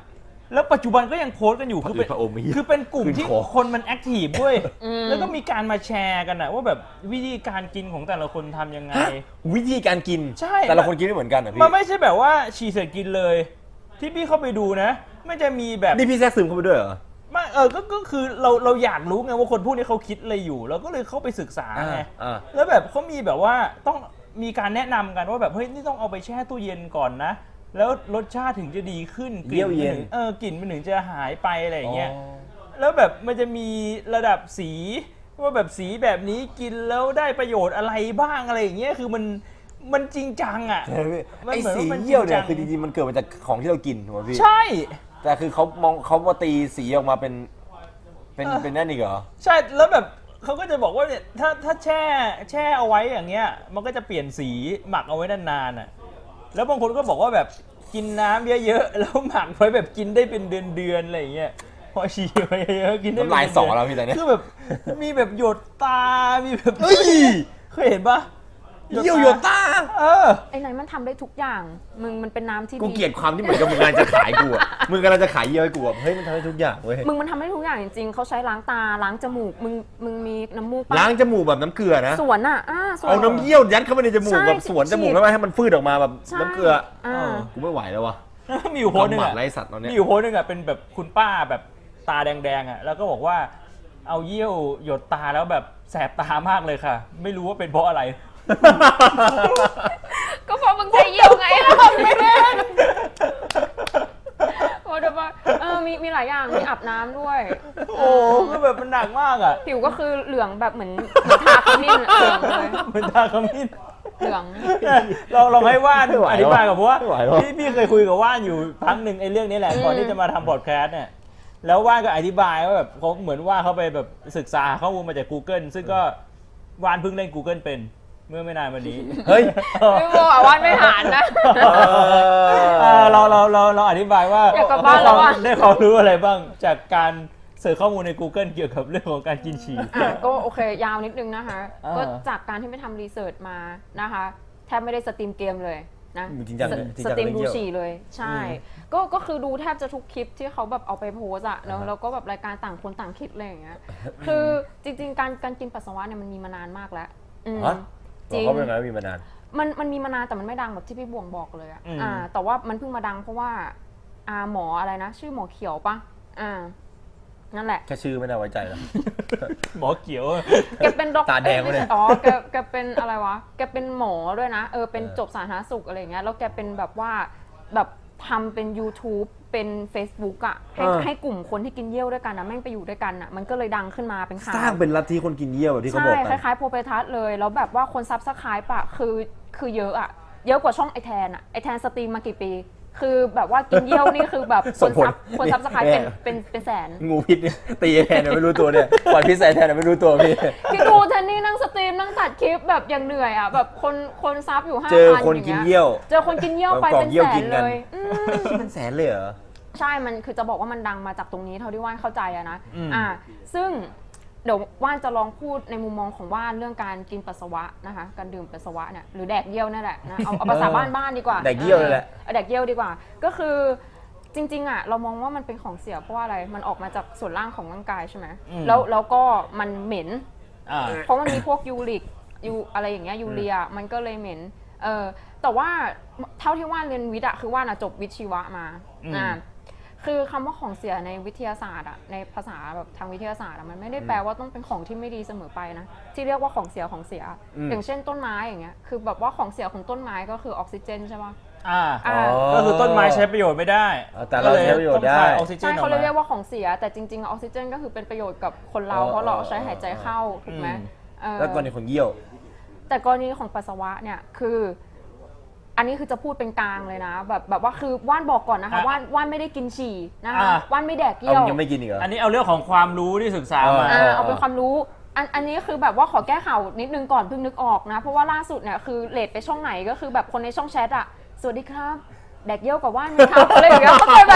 [SPEAKER 2] แล้วปัจจุบันก็ยังโพสต์กันอยู่
[SPEAKER 4] พระ
[SPEAKER 2] คือ
[SPEAKER 4] อื
[SPEAKER 2] เป็
[SPEAKER 4] ด
[SPEAKER 2] น
[SPEAKER 4] พระอมไม่เหี้ย
[SPEAKER 2] คือเป็นกลุ่มที่
[SPEAKER 4] ขึ้นคอ
[SPEAKER 2] คนมันแอคทีฟด้วย
[SPEAKER 3] อืม
[SPEAKER 2] แล้วก็มีการมาแชร์กันนะว่าแบบวิธีการกินของแต่ละคนทำยังไง
[SPEAKER 1] ฮะวิธีการกิน
[SPEAKER 2] ใช่
[SPEAKER 1] แต่ละคนกินไม่เหมือนกันเหรอพี่
[SPEAKER 2] มันไม่ใช่แบบว่าฉี่เสร็จกินเลย ที่พี่เข้าไปดูนะ ไม่จะมีแบบ
[SPEAKER 1] นี่พี่แทรกซึมเข้าไปด้วยเหรอ
[SPEAKER 2] ไม่เออก็ก็คือเราเราอยากรู้ไงว่าคนพวกนี้เขาคิดอะไรอยู่เราก็เลยเข้าไปศึกษาไง
[SPEAKER 1] อ่า
[SPEAKER 2] แล้วแบบเขามีแบบว่าต้องมีการแนะนำกันว่าแบบเฮ้ยนี่ต้องเอาไปแช่ตู้เย็นก่อนนะ แล้วรสชาติถึงจะดีขึ้นกลิ่
[SPEAKER 1] เยี่ยวเย็น
[SPEAKER 2] มัถึงเออกลิ่นมันถึงจะหายไปอะไรอย่างเงี้ย
[SPEAKER 1] อ๋อ
[SPEAKER 2] แล้วแบบมันจะมีระดับสีว่าแบบสีแบบนี้กินแล้วได้ประโยชน์อะไรบ้างอะไรอย่างเงี้ยคือมันมันจริงจังอ่ะ มัน
[SPEAKER 1] ไอ้
[SPEAKER 2] เหมือน
[SPEAKER 1] สี
[SPEAKER 2] ว่ามันจริงจัง
[SPEAKER 1] เยี่ยวเนี่ยคือจริงๆมันเกิดมาจากของที่เรากินถูกไหมพี่
[SPEAKER 2] ใช่
[SPEAKER 1] แต่คือเขามองเขามาตีสีออกมาเป็น เป็น
[SPEAKER 2] เออ
[SPEAKER 1] เป็นนั่นอีกเหรอ
[SPEAKER 2] ใช่แล้วแบบเขาก็จะบอกว่าเนี่ยถ้าถ้าแช่แช่เอาไว้อย่างเงี้ย มันก็จะเปลี่ยนสีหมักเอาไว้นานๆน่ะแล้วบางคนก็บอกว่าแบบกินน้ำเยอะๆแล้วหมักไว้แบบกินได้เป็นเดือนๆอะไรอย่างเงี้ยพอฉี่ไปเยอะๆกินได้เป็
[SPEAKER 1] น้ำลาย
[SPEAKER 2] เดืนๆ
[SPEAKER 1] สอแล้วพี่ตอนเนี้ย
[SPEAKER 2] คือแบบมีแบบหยดตา มีแบบเคยเห็นปะ
[SPEAKER 1] เยี่ยวโยนตา
[SPEAKER 2] เออ
[SPEAKER 3] ไอ้ไหนนมันทำได้ทุกอย่าง มึงมันเป็นน้ำที่
[SPEAKER 1] กู
[SPEAKER 3] ดี
[SPEAKER 1] เกลียดความที่เหมือนกับมึงกำลังจะขายกูอะ มึงกำลังจะขายเยี่ยวให้กูอะเฮ้ยมันทำได้ทุกอย่างเว้ย
[SPEAKER 3] มึงมันทำได้ทุกอย่างจริงๆเขาใช้ล้างตาล้างจมูก มึงมึงมีน้ำมูกปะ
[SPEAKER 1] ล้างจมูกแบบน้ำเกลือนะ
[SPEAKER 3] สวนอ่ะอ่าสวน
[SPEAKER 1] เอาน้ำเยี่ยวยัดเข้าไปในจมูก
[SPEAKER 3] ใช่
[SPEAKER 1] แบบสวนจมูก
[SPEAKER 3] ฉีด
[SPEAKER 1] แล้วให้มันฟืดออกมาแบบ
[SPEAKER 3] ใช่
[SPEAKER 1] น้ำเกลือ
[SPEAKER 3] อ่า
[SPEAKER 2] เออ
[SPEAKER 1] กูไม่ไหวแล้ววะ
[SPEAKER 2] มีอยู่คนหนึ่ง
[SPEAKER 1] กำหมัด
[SPEAKER 2] อะ
[SPEAKER 1] ไรสัตว์ตอนเนี้ย
[SPEAKER 2] มีอยู่โพสต์หนึ่งอะเป็นแบบคุณป้าแบบตาแดงๆอะแล้วก็บอกว่าเอาเยี่ยวหยดตาแล้วแบบแสบตามากเลยค่ะ ไม่รู้ว่าเป็นเพราะอะไร
[SPEAKER 3] ก็เพราะมึงใช้เยี่ยวไงล่ะไม่เล่นโอ้เดี๋ยวว่าเออมีมีหลายอย่างมีอาบน้ำด้วย
[SPEAKER 2] โอ้ก็แบบมันหนักมากอะ
[SPEAKER 3] ผิวก็คือเหลืองแบบเหมือนเหมือนทาขมิ้นอะเหลืองเลย
[SPEAKER 2] เหมือนตาขมิ้น
[SPEAKER 3] เหลือง
[SPEAKER 2] เราลองให้ว่าน
[SPEAKER 1] ไม่ไหว
[SPEAKER 2] อธิบายกับเพราะว่า
[SPEAKER 1] ไม่ไหวหรอก
[SPEAKER 2] พี่พี่เคยคุยกับว่านอยู่พักหนึ่งไอ้เรื่องนี้แหละ
[SPEAKER 3] อืม
[SPEAKER 2] ก่อนที่จะมาทำบอดแคสต์เนี่ยแล้วว่านก็อธิบายว่าแบบเขาเหมือนว่าเขาไปแบบศึกษาข้อมูลมาจาก Google ซึ่งก็ว่านเพิ่งเล่น Google เป็นเมื่อไม่นานมานี้
[SPEAKER 1] เฮ้ย
[SPEAKER 3] ไม่บอกว่าวันไม่หานนะ
[SPEAKER 1] เออ
[SPEAKER 2] เออเราเราเราเราอธิบายว่า
[SPEAKER 3] อยากกลับบ้านแล้วอะ
[SPEAKER 2] ได้ความรู้อะไรบ้างจากการเสิร์ชข้อมูลใน Google เกี่ยวกับเรื่อง ของการกินฉี่
[SPEAKER 3] อ่ะก็โอเค ยาวนิดนึงนะคะ
[SPEAKER 2] อ่า
[SPEAKER 3] ก็จากการที่ไปทำรีเสิร์ชมานะคะแทบไม่ได้สตรีมเกมเลยนะ
[SPEAKER 1] จริงจังเลยจริง
[SPEAKER 3] ส
[SPEAKER 1] จัง
[SPEAKER 3] ตรีม
[SPEAKER 1] เรื่อง
[SPEAKER 3] ดู
[SPEAKER 1] เยอะ
[SPEAKER 3] ฉี่เลย ใช่ ก็ก็คือดูแทบจะทุกคลิปที่เขาแบบเอาไปโพสอะแล้ว
[SPEAKER 1] อ่าฮะ
[SPEAKER 3] แล้วก็แบบรายการต่างคนต่างคิดอะไรอย่างเงี้ยคือจริง ๆ การการกินปัสสาวะเนี่ยมันมีมานานมากแล้วอืม
[SPEAKER 1] ฮะบอกเขาเป็นไงมีมานาน
[SPEAKER 3] มันมันมีมานานแต่มันไม่ดังแบบที่พี่บวงบอกเลยอะ
[SPEAKER 2] อืม
[SPEAKER 3] อ่า แต่ว่ามันเพิ่งมาดังเพราะว่าอาหมออะไรนะ ชื่อหมอเขียวปะอ่า นั่นแหละ
[SPEAKER 1] แค่ชื่อไม่น่าไว้ใจแล้ว
[SPEAKER 2] หมอเขียว
[SPEAKER 3] แกเป็นด็อก
[SPEAKER 1] ตาแดง
[SPEAKER 3] อ้ยไม่
[SPEAKER 1] เลย
[SPEAKER 3] ใช่อ๋อแกแกเป็นอะไรวะ แกเป็นหมอด้วยนะ เออ เป็น
[SPEAKER 1] เออ
[SPEAKER 3] จบสาธารณสุขอะไรอย่างเงี้ย แล้วแกเป็นแบบว่า แบบทำเป็น YouTube เป็น Facebook อะให้
[SPEAKER 2] เออ
[SPEAKER 3] ให้กลุ่มคนที่กินเยี่ยวด้วยกันนะแม่งไปอยู่ด้วยกันอะมันก็เลยดังขึ้นมาเป็นข่าว
[SPEAKER 1] สร้างเป็นลัทธิคนกินเยี่ยวแบบที่เขา
[SPEAKER 3] ใช่
[SPEAKER 1] บอกกั
[SPEAKER 3] คน ล้ายๆโพเปทัสเลย แล้วแบบว่าคนซับสไครป์อะคือคือเยอะอะเยอะกว่าช่องไอแทนอะไอแทนสตรีมมากี่ปี คือแบบว่ากินเยี่ยวนี่คือแบบค
[SPEAKER 1] ส่ง
[SPEAKER 3] น
[SPEAKER 1] ผล
[SPEAKER 3] ซับคนซับสไครป์เป็น
[SPEAKER 1] แน่
[SPEAKER 3] เป็นเป็นแสน
[SPEAKER 1] งูพิษเนี่ย ตีแทนเนี่ยไม่รู้ตัว เนี่ยปล่อยพิษใส่แทนเนี่ยไม่รู้ตัวพี่
[SPEAKER 3] คิดดูแทนนี่นั่งสตรีมนั่งตัดคลิปแบบอย่างเหนื่อยอะแบบคนคนซับอยู่ห้า
[SPEAKER 1] เจอ
[SPEAKER 3] พัน
[SPEAKER 1] คนกินเยี่ยว
[SPEAKER 3] เจอคนกินเยี่ยวไป
[SPEAKER 1] กล่อง
[SPEAKER 3] เป็น
[SPEAKER 1] เยี่ยว
[SPEAKER 3] แส
[SPEAKER 1] กิ
[SPEAKER 3] น
[SPEAKER 1] นกั
[SPEAKER 3] เล
[SPEAKER 1] น
[SPEAKER 3] ยอืม
[SPEAKER 1] มันแสนเลยเหรอ
[SPEAKER 3] ใช่ มันคือจะบอกว่ามันดังมาจากตรงนี้เท่าที่ว่านเข้าใจอะนะ
[SPEAKER 2] อืม
[SPEAKER 3] อ่า ซึ่งเดี๋ยวว่านจะลองพูดในมุมมองของว่านเรื่องการกินปัสสาวะนะคะ การดื่มปัสสาวะเนี่ย หรือแดกเยี่ยวนั่นแหละนะ เอา เอาภาษาบ้านบ้านๆดีกว่า
[SPEAKER 1] แดกเยี่ยวเลยแหละ
[SPEAKER 3] ออเอาแดกเยี่ยวดีกว่า ก็คือจริงๆอะเรามองว่ามันเป็นของเสียเพราะว่าอะไร มันออกมาจากส่วนล่างของร่างกายใช่ไหมแล้วแล้วก็มันเหม็น
[SPEAKER 2] อ่า
[SPEAKER 3] เพราะมันมีพวกยูริกยูอะไรอย่างเงี้ยยูเรียมันก็เลยเหม็นเออแต่ว่าเท่าที่ว่านเรียนวิทย์อะคือว่านอะจบวิทย์ชีวะมา
[SPEAKER 2] อืม
[SPEAKER 3] อ่าคือคำว่าของเสียในวิทยาศาสตร์อะในภาษาแบบทางวิทยาศาสตร์อะมันไม่ได้แปลว่าต้องเป็นของที่ไม่ดีเสมอไปนะที่เรียกว่าของเสียของเสีย
[SPEAKER 1] อืม
[SPEAKER 3] อย่างเช่นต้นไม้อย่างเงี้ยคือแบบว่าของเสียของต้นไม้ก็คือออกซิเจนใช่ปะ
[SPEAKER 2] อ่า
[SPEAKER 3] อ่า
[SPEAKER 2] ก็คือต้นไม้ใช้ประโยชน์ไม่ได้
[SPEAKER 1] เออแต่เราใช้ประโยชน์ได้
[SPEAKER 2] ก็เลต้องขาออกซิเจน
[SPEAKER 3] ใช่
[SPEAKER 2] ออ
[SPEAKER 3] เขา
[SPEAKER 2] ก
[SPEAKER 3] เลย
[SPEAKER 2] มา
[SPEAKER 3] เรียกว่าของเสีย แต่จริงๆอะออกซิเจนก็คือเป็นประโยชน์กับคนเรา
[SPEAKER 1] อ๋อ
[SPEAKER 3] เพราะเราใช้หายใจ
[SPEAKER 1] อ๋อ
[SPEAKER 3] เข้าถูกไหม
[SPEAKER 2] อืม
[SPEAKER 3] เออ
[SPEAKER 1] แล้วกรณีคนเยี่ยว
[SPEAKER 3] แต่กรณีของปัสสาวะเนี่ยคือ อันนี้คือจะพูดเป็นกลางเลยนะ แบบแบบว่าคือว่านบอกก่อนนะคะ
[SPEAKER 2] อ่ะ
[SPEAKER 3] ว่านว่านไม่ได้กินฉี่นะคะ
[SPEAKER 2] อ่ะ
[SPEAKER 3] ว่านไม่แดก
[SPEAKER 1] เอา
[SPEAKER 3] เยี่ยว
[SPEAKER 1] มึงยังไม่กินอีกเหรอ
[SPEAKER 2] อันนี้เอาเรื่องของความรู้ที่ศึกษามา
[SPEAKER 1] อ่
[SPEAKER 3] อ่ะเอาเป็นความรู้ อันอันนี้คือแบบว่าขอแก้ข่าวนิดนึงก่อนเพิ่งนึกออกนะ เพราะว่าล่าสุดเนี่ยคือเลดไปช่องไหนก็คือแบบคนในช่องแชทอะสวัสดีครับ แดกเยี่ยวกับว่านไหมครับอะไรอย่างเงี้ยเข้าใจไหม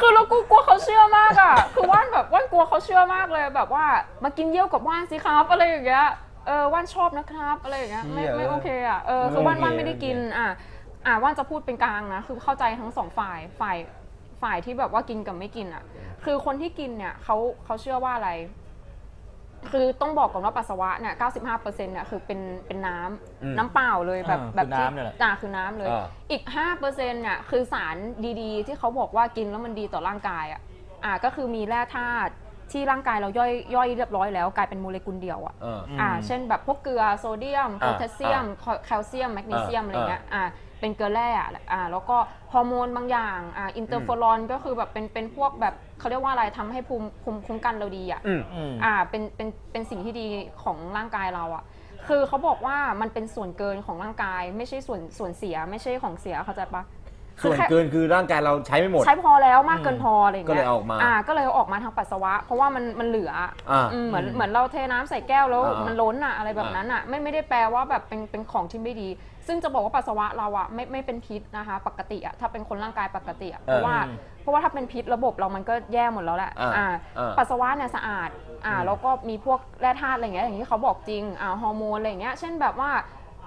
[SPEAKER 3] คือเรากูกลัวเขาเชื่อมากอะคือว่านแบบว่านกลัวเขาเชื่อมากเลยแบบว่ามากินเยี่ยวกับว่านสิครับอะไรอย่างเงี้ยเออว่านชอบนะครับอะไรอย่างเงี้ยไม่ไม่โอเคอะเออ เออคือว่า
[SPEAKER 1] โอ
[SPEAKER 3] น
[SPEAKER 1] เค
[SPEAKER 3] ว่านไม่ได้กิน อ่ะ อ่ะว่านจะพูดเป็นกลางนะ คือเข้าใจทั้งสองฝ่าย ฝ่าย ฝ่ายที่แบบว่ากินกับไม่กินอ่ะ คือคนที่กินเนี่ยเขาเขาเชื่อว่าอะไร คือต้องบอกก่อนว่าปัสสาวะเนี่ย95%เนี่ยคือเป็นเป็นน้ำ
[SPEAKER 1] อืม
[SPEAKER 3] น้ำเปล่าเลยแบบ
[SPEAKER 2] อ่า
[SPEAKER 3] แบบ
[SPEAKER 2] คือน้ำเนี่ยแหละ
[SPEAKER 3] อ่าคือน้ำเลย
[SPEAKER 1] อ่า
[SPEAKER 3] อีก5%เนี่ยคือสารดีๆ ที่เขาบอกว่ากินแล้วมันดีต่อร่างกายอ่ะอ่าก็คือมีแร่ธาตุที่ร่างกายเราย่อยย่อยเรียบร้อยแล้วกลายเป็นโมเลกุลเดียวอ่ะ
[SPEAKER 1] เออ
[SPEAKER 3] อ่า เช่นแบบพวกเกลือโซเดียมโพ
[SPEAKER 1] อ่า
[SPEAKER 3] แทสเซียม แคลเซียม แมกนีเซียม
[SPEAKER 1] อ่า
[SPEAKER 3] อะไรเงี้ย อ่า เป็นเกลือแร่อะอ่า แล้วก็ฮอร์โมนบางอย่าง อ่า อินเตอร์เฟอรอนก็คือแบบเป็น เป็นพวกแบบเขาเรียกว่าอะไรทำให้ภูมิภูมิคุ้มกันเราดีอ่ะ
[SPEAKER 1] อืม
[SPEAKER 2] อืม
[SPEAKER 3] อ่า เป็น เป็น เป็นสิ่งที่ดีของร่างกายเราอ่ะ คือเขาบอกว่ามันเป็นส่วนเกินของร่างกาย ไม่ใช่ส่วน ส่วนเสีย ไม่ใช่ของเสีย เข้าใจปะคื
[SPEAKER 1] ส่
[SPEAKER 3] อ
[SPEAKER 1] วน
[SPEAKER 3] แค่
[SPEAKER 1] เกินคือร่างกายเราใช้ไม่หมด
[SPEAKER 3] ใช้พอแล้วมากเกินพออะไรอย่าง
[SPEAKER 1] ก็เล
[SPEAKER 3] เงี้
[SPEAKER 1] ย
[SPEAKER 3] ย
[SPEAKER 1] เอาออกมา
[SPEAKER 3] ก็เลยเอาออกมาทางปัสสาวะ เพราะว่ามันมันเหลืออ่ะ
[SPEAKER 1] อ่า
[SPEAKER 3] อืมเหมือนเหมือนเราเทน้ำใส่แก้วแล้ว
[SPEAKER 1] อ่ามั
[SPEAKER 3] มันล้นอะอะไรแบบนั้นอะไม่ไม่ได้แปลว่าแบบเป็นเป็นของที่ไม่ดี ซึ่งจะบอกว่าปัสสาวะเราอะไม่ไม่เป็นพิษนะคะ ปกติอะถ้าเป็นคนร่างกายปกติอะเพราะว่า
[SPEAKER 2] อืม
[SPEAKER 3] เพราะว่าถ้าเป็นพิษระบบเรามันก็แย่หมดแล้วแหละ
[SPEAKER 1] อ่า
[SPEAKER 3] อ่า
[SPEAKER 1] อ่า
[SPEAKER 3] ปัสสาวะเนี่ยสะอาดอ่าแล้วก็มีพวกแร่ธาตุอะไรอย่างเงี้ยอย่างที่เขาบอกจริงอ่าฮอร์โมนอะไรอย่างเงี้ยเช่นแบบว่า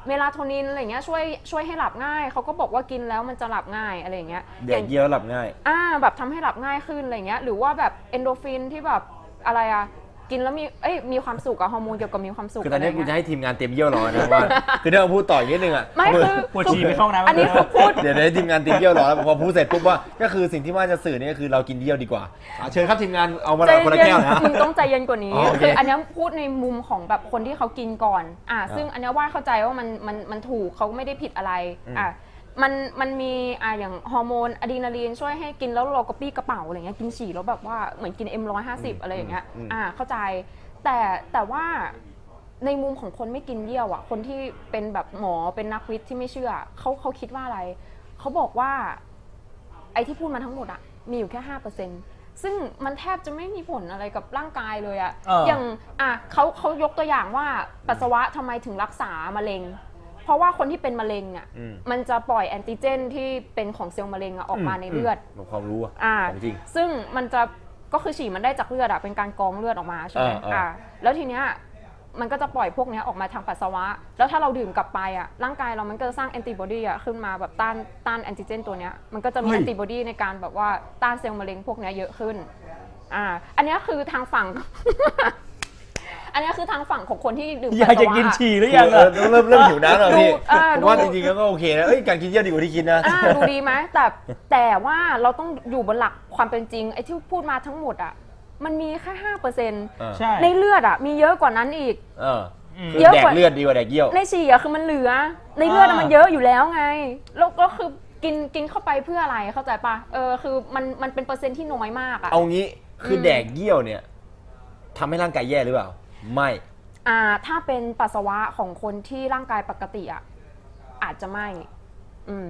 [SPEAKER 3] เมลาโทนินอะไรอย่างเงี้ยช่วยช่วยให้หลับง่ายเขาก็บอกว่ากินแล้วมันจะหลับง่ายอะไรอย่างเงี้ย
[SPEAKER 1] แด
[SPEAKER 3] อก ย่าง
[SPEAKER 1] เยอะหลับง่าย
[SPEAKER 3] อ่าแบบทำให้หลับง่ายขึ้นอะไรเงี้ยหรือว่าแบบเอนโดรฟินที่แบบอะไรอะกินแล้วมีเอ้ยมีความสุขอะฮอร์โมนเกี่ยวกับมีความสุข
[SPEAKER 1] คือตอนนี้กู
[SPEAKER 3] ะ
[SPEAKER 1] จะ
[SPEAKER 3] ไรเงี้ย
[SPEAKER 1] ให้ทีมงานเตรียมเยี่ยวรอ นะว่าคือเดี๋ยวพูดต่ออีกนิดนึงอ่ะ
[SPEAKER 3] ไม่คือ
[SPEAKER 2] ปวด
[SPEAKER 3] คือ
[SPEAKER 2] ฉี่ไปเข้าห้องน้ำ
[SPEAKER 3] อันนี้คือพูด
[SPEAKER 1] เดี๋ยวได้ทีมงานเตรียมเยี่ยวรอแล้วพอพูดเสร็จปุ๊บว่าก็คือสิ่งที่ว่าจะสื่อเนี่ยคือเรากินเยี่ยวดีกว่าอ่ะเชิญครับทีมงานเอามา
[SPEAKER 3] ใจ
[SPEAKER 1] คนละ
[SPEAKER 3] เย็
[SPEAKER 1] แก้
[SPEAKER 3] น
[SPEAKER 1] วนะ
[SPEAKER 3] มึงต้องใจเย็นกว่านี้
[SPEAKER 1] อ๋อโอเค
[SPEAKER 3] คืออันนี้พูดในมุมของแบบคนที่เขากินก่อนอ่าซึ่งอันนี้ว่าเข้าใจว่ามันมันมันถูกเขาไม่ได้ผิดอะไร
[SPEAKER 1] อืม
[SPEAKER 3] อ่ามันมันมีอ่าอย่างฮอร์โมนอะดรีนาลีนช่วยให้กินแล้วเรากระปี้กระเป๋าอะไรเงี้ยกินฉี่แล้วแบบว่าเหมือนกิน M150 อะไรอย่างเงี้ยอ่าเข้าใจแต่แต่ว่า ในมุมของคนไม่กินเยี่ยวอะคนที่เป็นแบบหมอเป็นนักวิทย์ที่ไม่เชื่อเขาเขาคิดว่าอะไร เขาบอกว่า ไอ้ที่พูดมาทั้งหมดอะมีอยู่แค่ห้าเปอร์เซ็นซึ่งมันแทบจะไม่มีผลอะไรกับร่างกายเลยอะ
[SPEAKER 2] เอออ
[SPEAKER 3] ย่างอ่ะเขาเขายกตัวอย่างว่าปัสสาวะทำไมถึงรักษามะเร็ง เพราะว่าคนที่เป็นมะเร็งเนี่ย
[SPEAKER 1] อืม
[SPEAKER 3] มันจะปล่อยแอนติเจนที่เป็นของเซลล์มะเร็งอะออกมาในเลือด
[SPEAKER 1] มความรู้อ่ะ
[SPEAKER 3] อ่า
[SPEAKER 1] ของจริง
[SPEAKER 3] ซึ่งมันจะก็คือฉี่มันได้จากเลือดอะเป็นการกรองเลือดออกมาใช่ไหม
[SPEAKER 1] อ่าอ่า
[SPEAKER 3] อ่าแล้วทีเนี้ยมันก็จะปล่อยพวกเนี้ยออกมาทางปัสสาวะ แล้วถ้าเราดื่มกลับไปอะร่างกายเรามันก็จะสร้างแอนติบอดีอะขึ้นมาแบบต้านต้านแอนติเจนตัวเนี้ยมันก็จะมีแอนติบอดีในการแบบว่าต้านเซลล์มะเร็งพวกเนี้ยเยอะขึ้นอ่าอันเนี้ยคือทางฝั่ง อันเนี้ยคือทางฝั่งของคนที่ดื่ม
[SPEAKER 2] อยา
[SPEAKER 3] ปั
[SPEAKER 2] ก
[SPEAKER 3] ส
[SPEAKER 2] จะ
[SPEAKER 3] สาวะ
[SPEAKER 2] กินฉี่หรือยัง
[SPEAKER 1] เอ
[SPEAKER 2] อะ
[SPEAKER 1] อเริ่มเริ่มหิวน้ำแล้วพี่
[SPEAKER 3] ดูอ่า
[SPEAKER 1] ผมว่า
[SPEAKER 3] ดู
[SPEAKER 1] จริงๆก็โอเคนะเอ้ยการกินเยี่ยวดีกว่าที่กินนะ
[SPEAKER 3] อ่าดูดีไหมแต่แต่ว่าเราต้องอยู่บนหลักความเป็นจริงไอ้ที่พูดมาทั้งหมดอะมันมีแค่ห้าเปอร์เซ็นต์
[SPEAKER 1] เออ
[SPEAKER 2] ใช่
[SPEAKER 3] ในเลือดอะมีเยอะกว่านั้นอีก
[SPEAKER 1] เออ
[SPEAKER 2] ม
[SPEAKER 1] คือแดกเลือดดีกว่าแดกเยี่ยว
[SPEAKER 3] ในฉี่อะคือมันเหลือ ในเลือดอะ
[SPEAKER 2] อ่ามั
[SPEAKER 3] มันเยอะอยู่แล้วไงแล้วก็คือกินกินเข้าไปเพื่ออะไรเข้าใจปะเออคือมันมันเป็นเปอร์เซ็นต์ที่น้อยมากอะ
[SPEAKER 1] เอางี้คืออ
[SPEAKER 3] ม
[SPEAKER 1] แดกเยี่ยวเนี่ยทำให้ร่างกายแย่หรือเปล่า ไม่
[SPEAKER 3] อ่าถ้าเป็นปัสสาวะของคนที่ร่างกายปกติอะอาจจะไม่อืม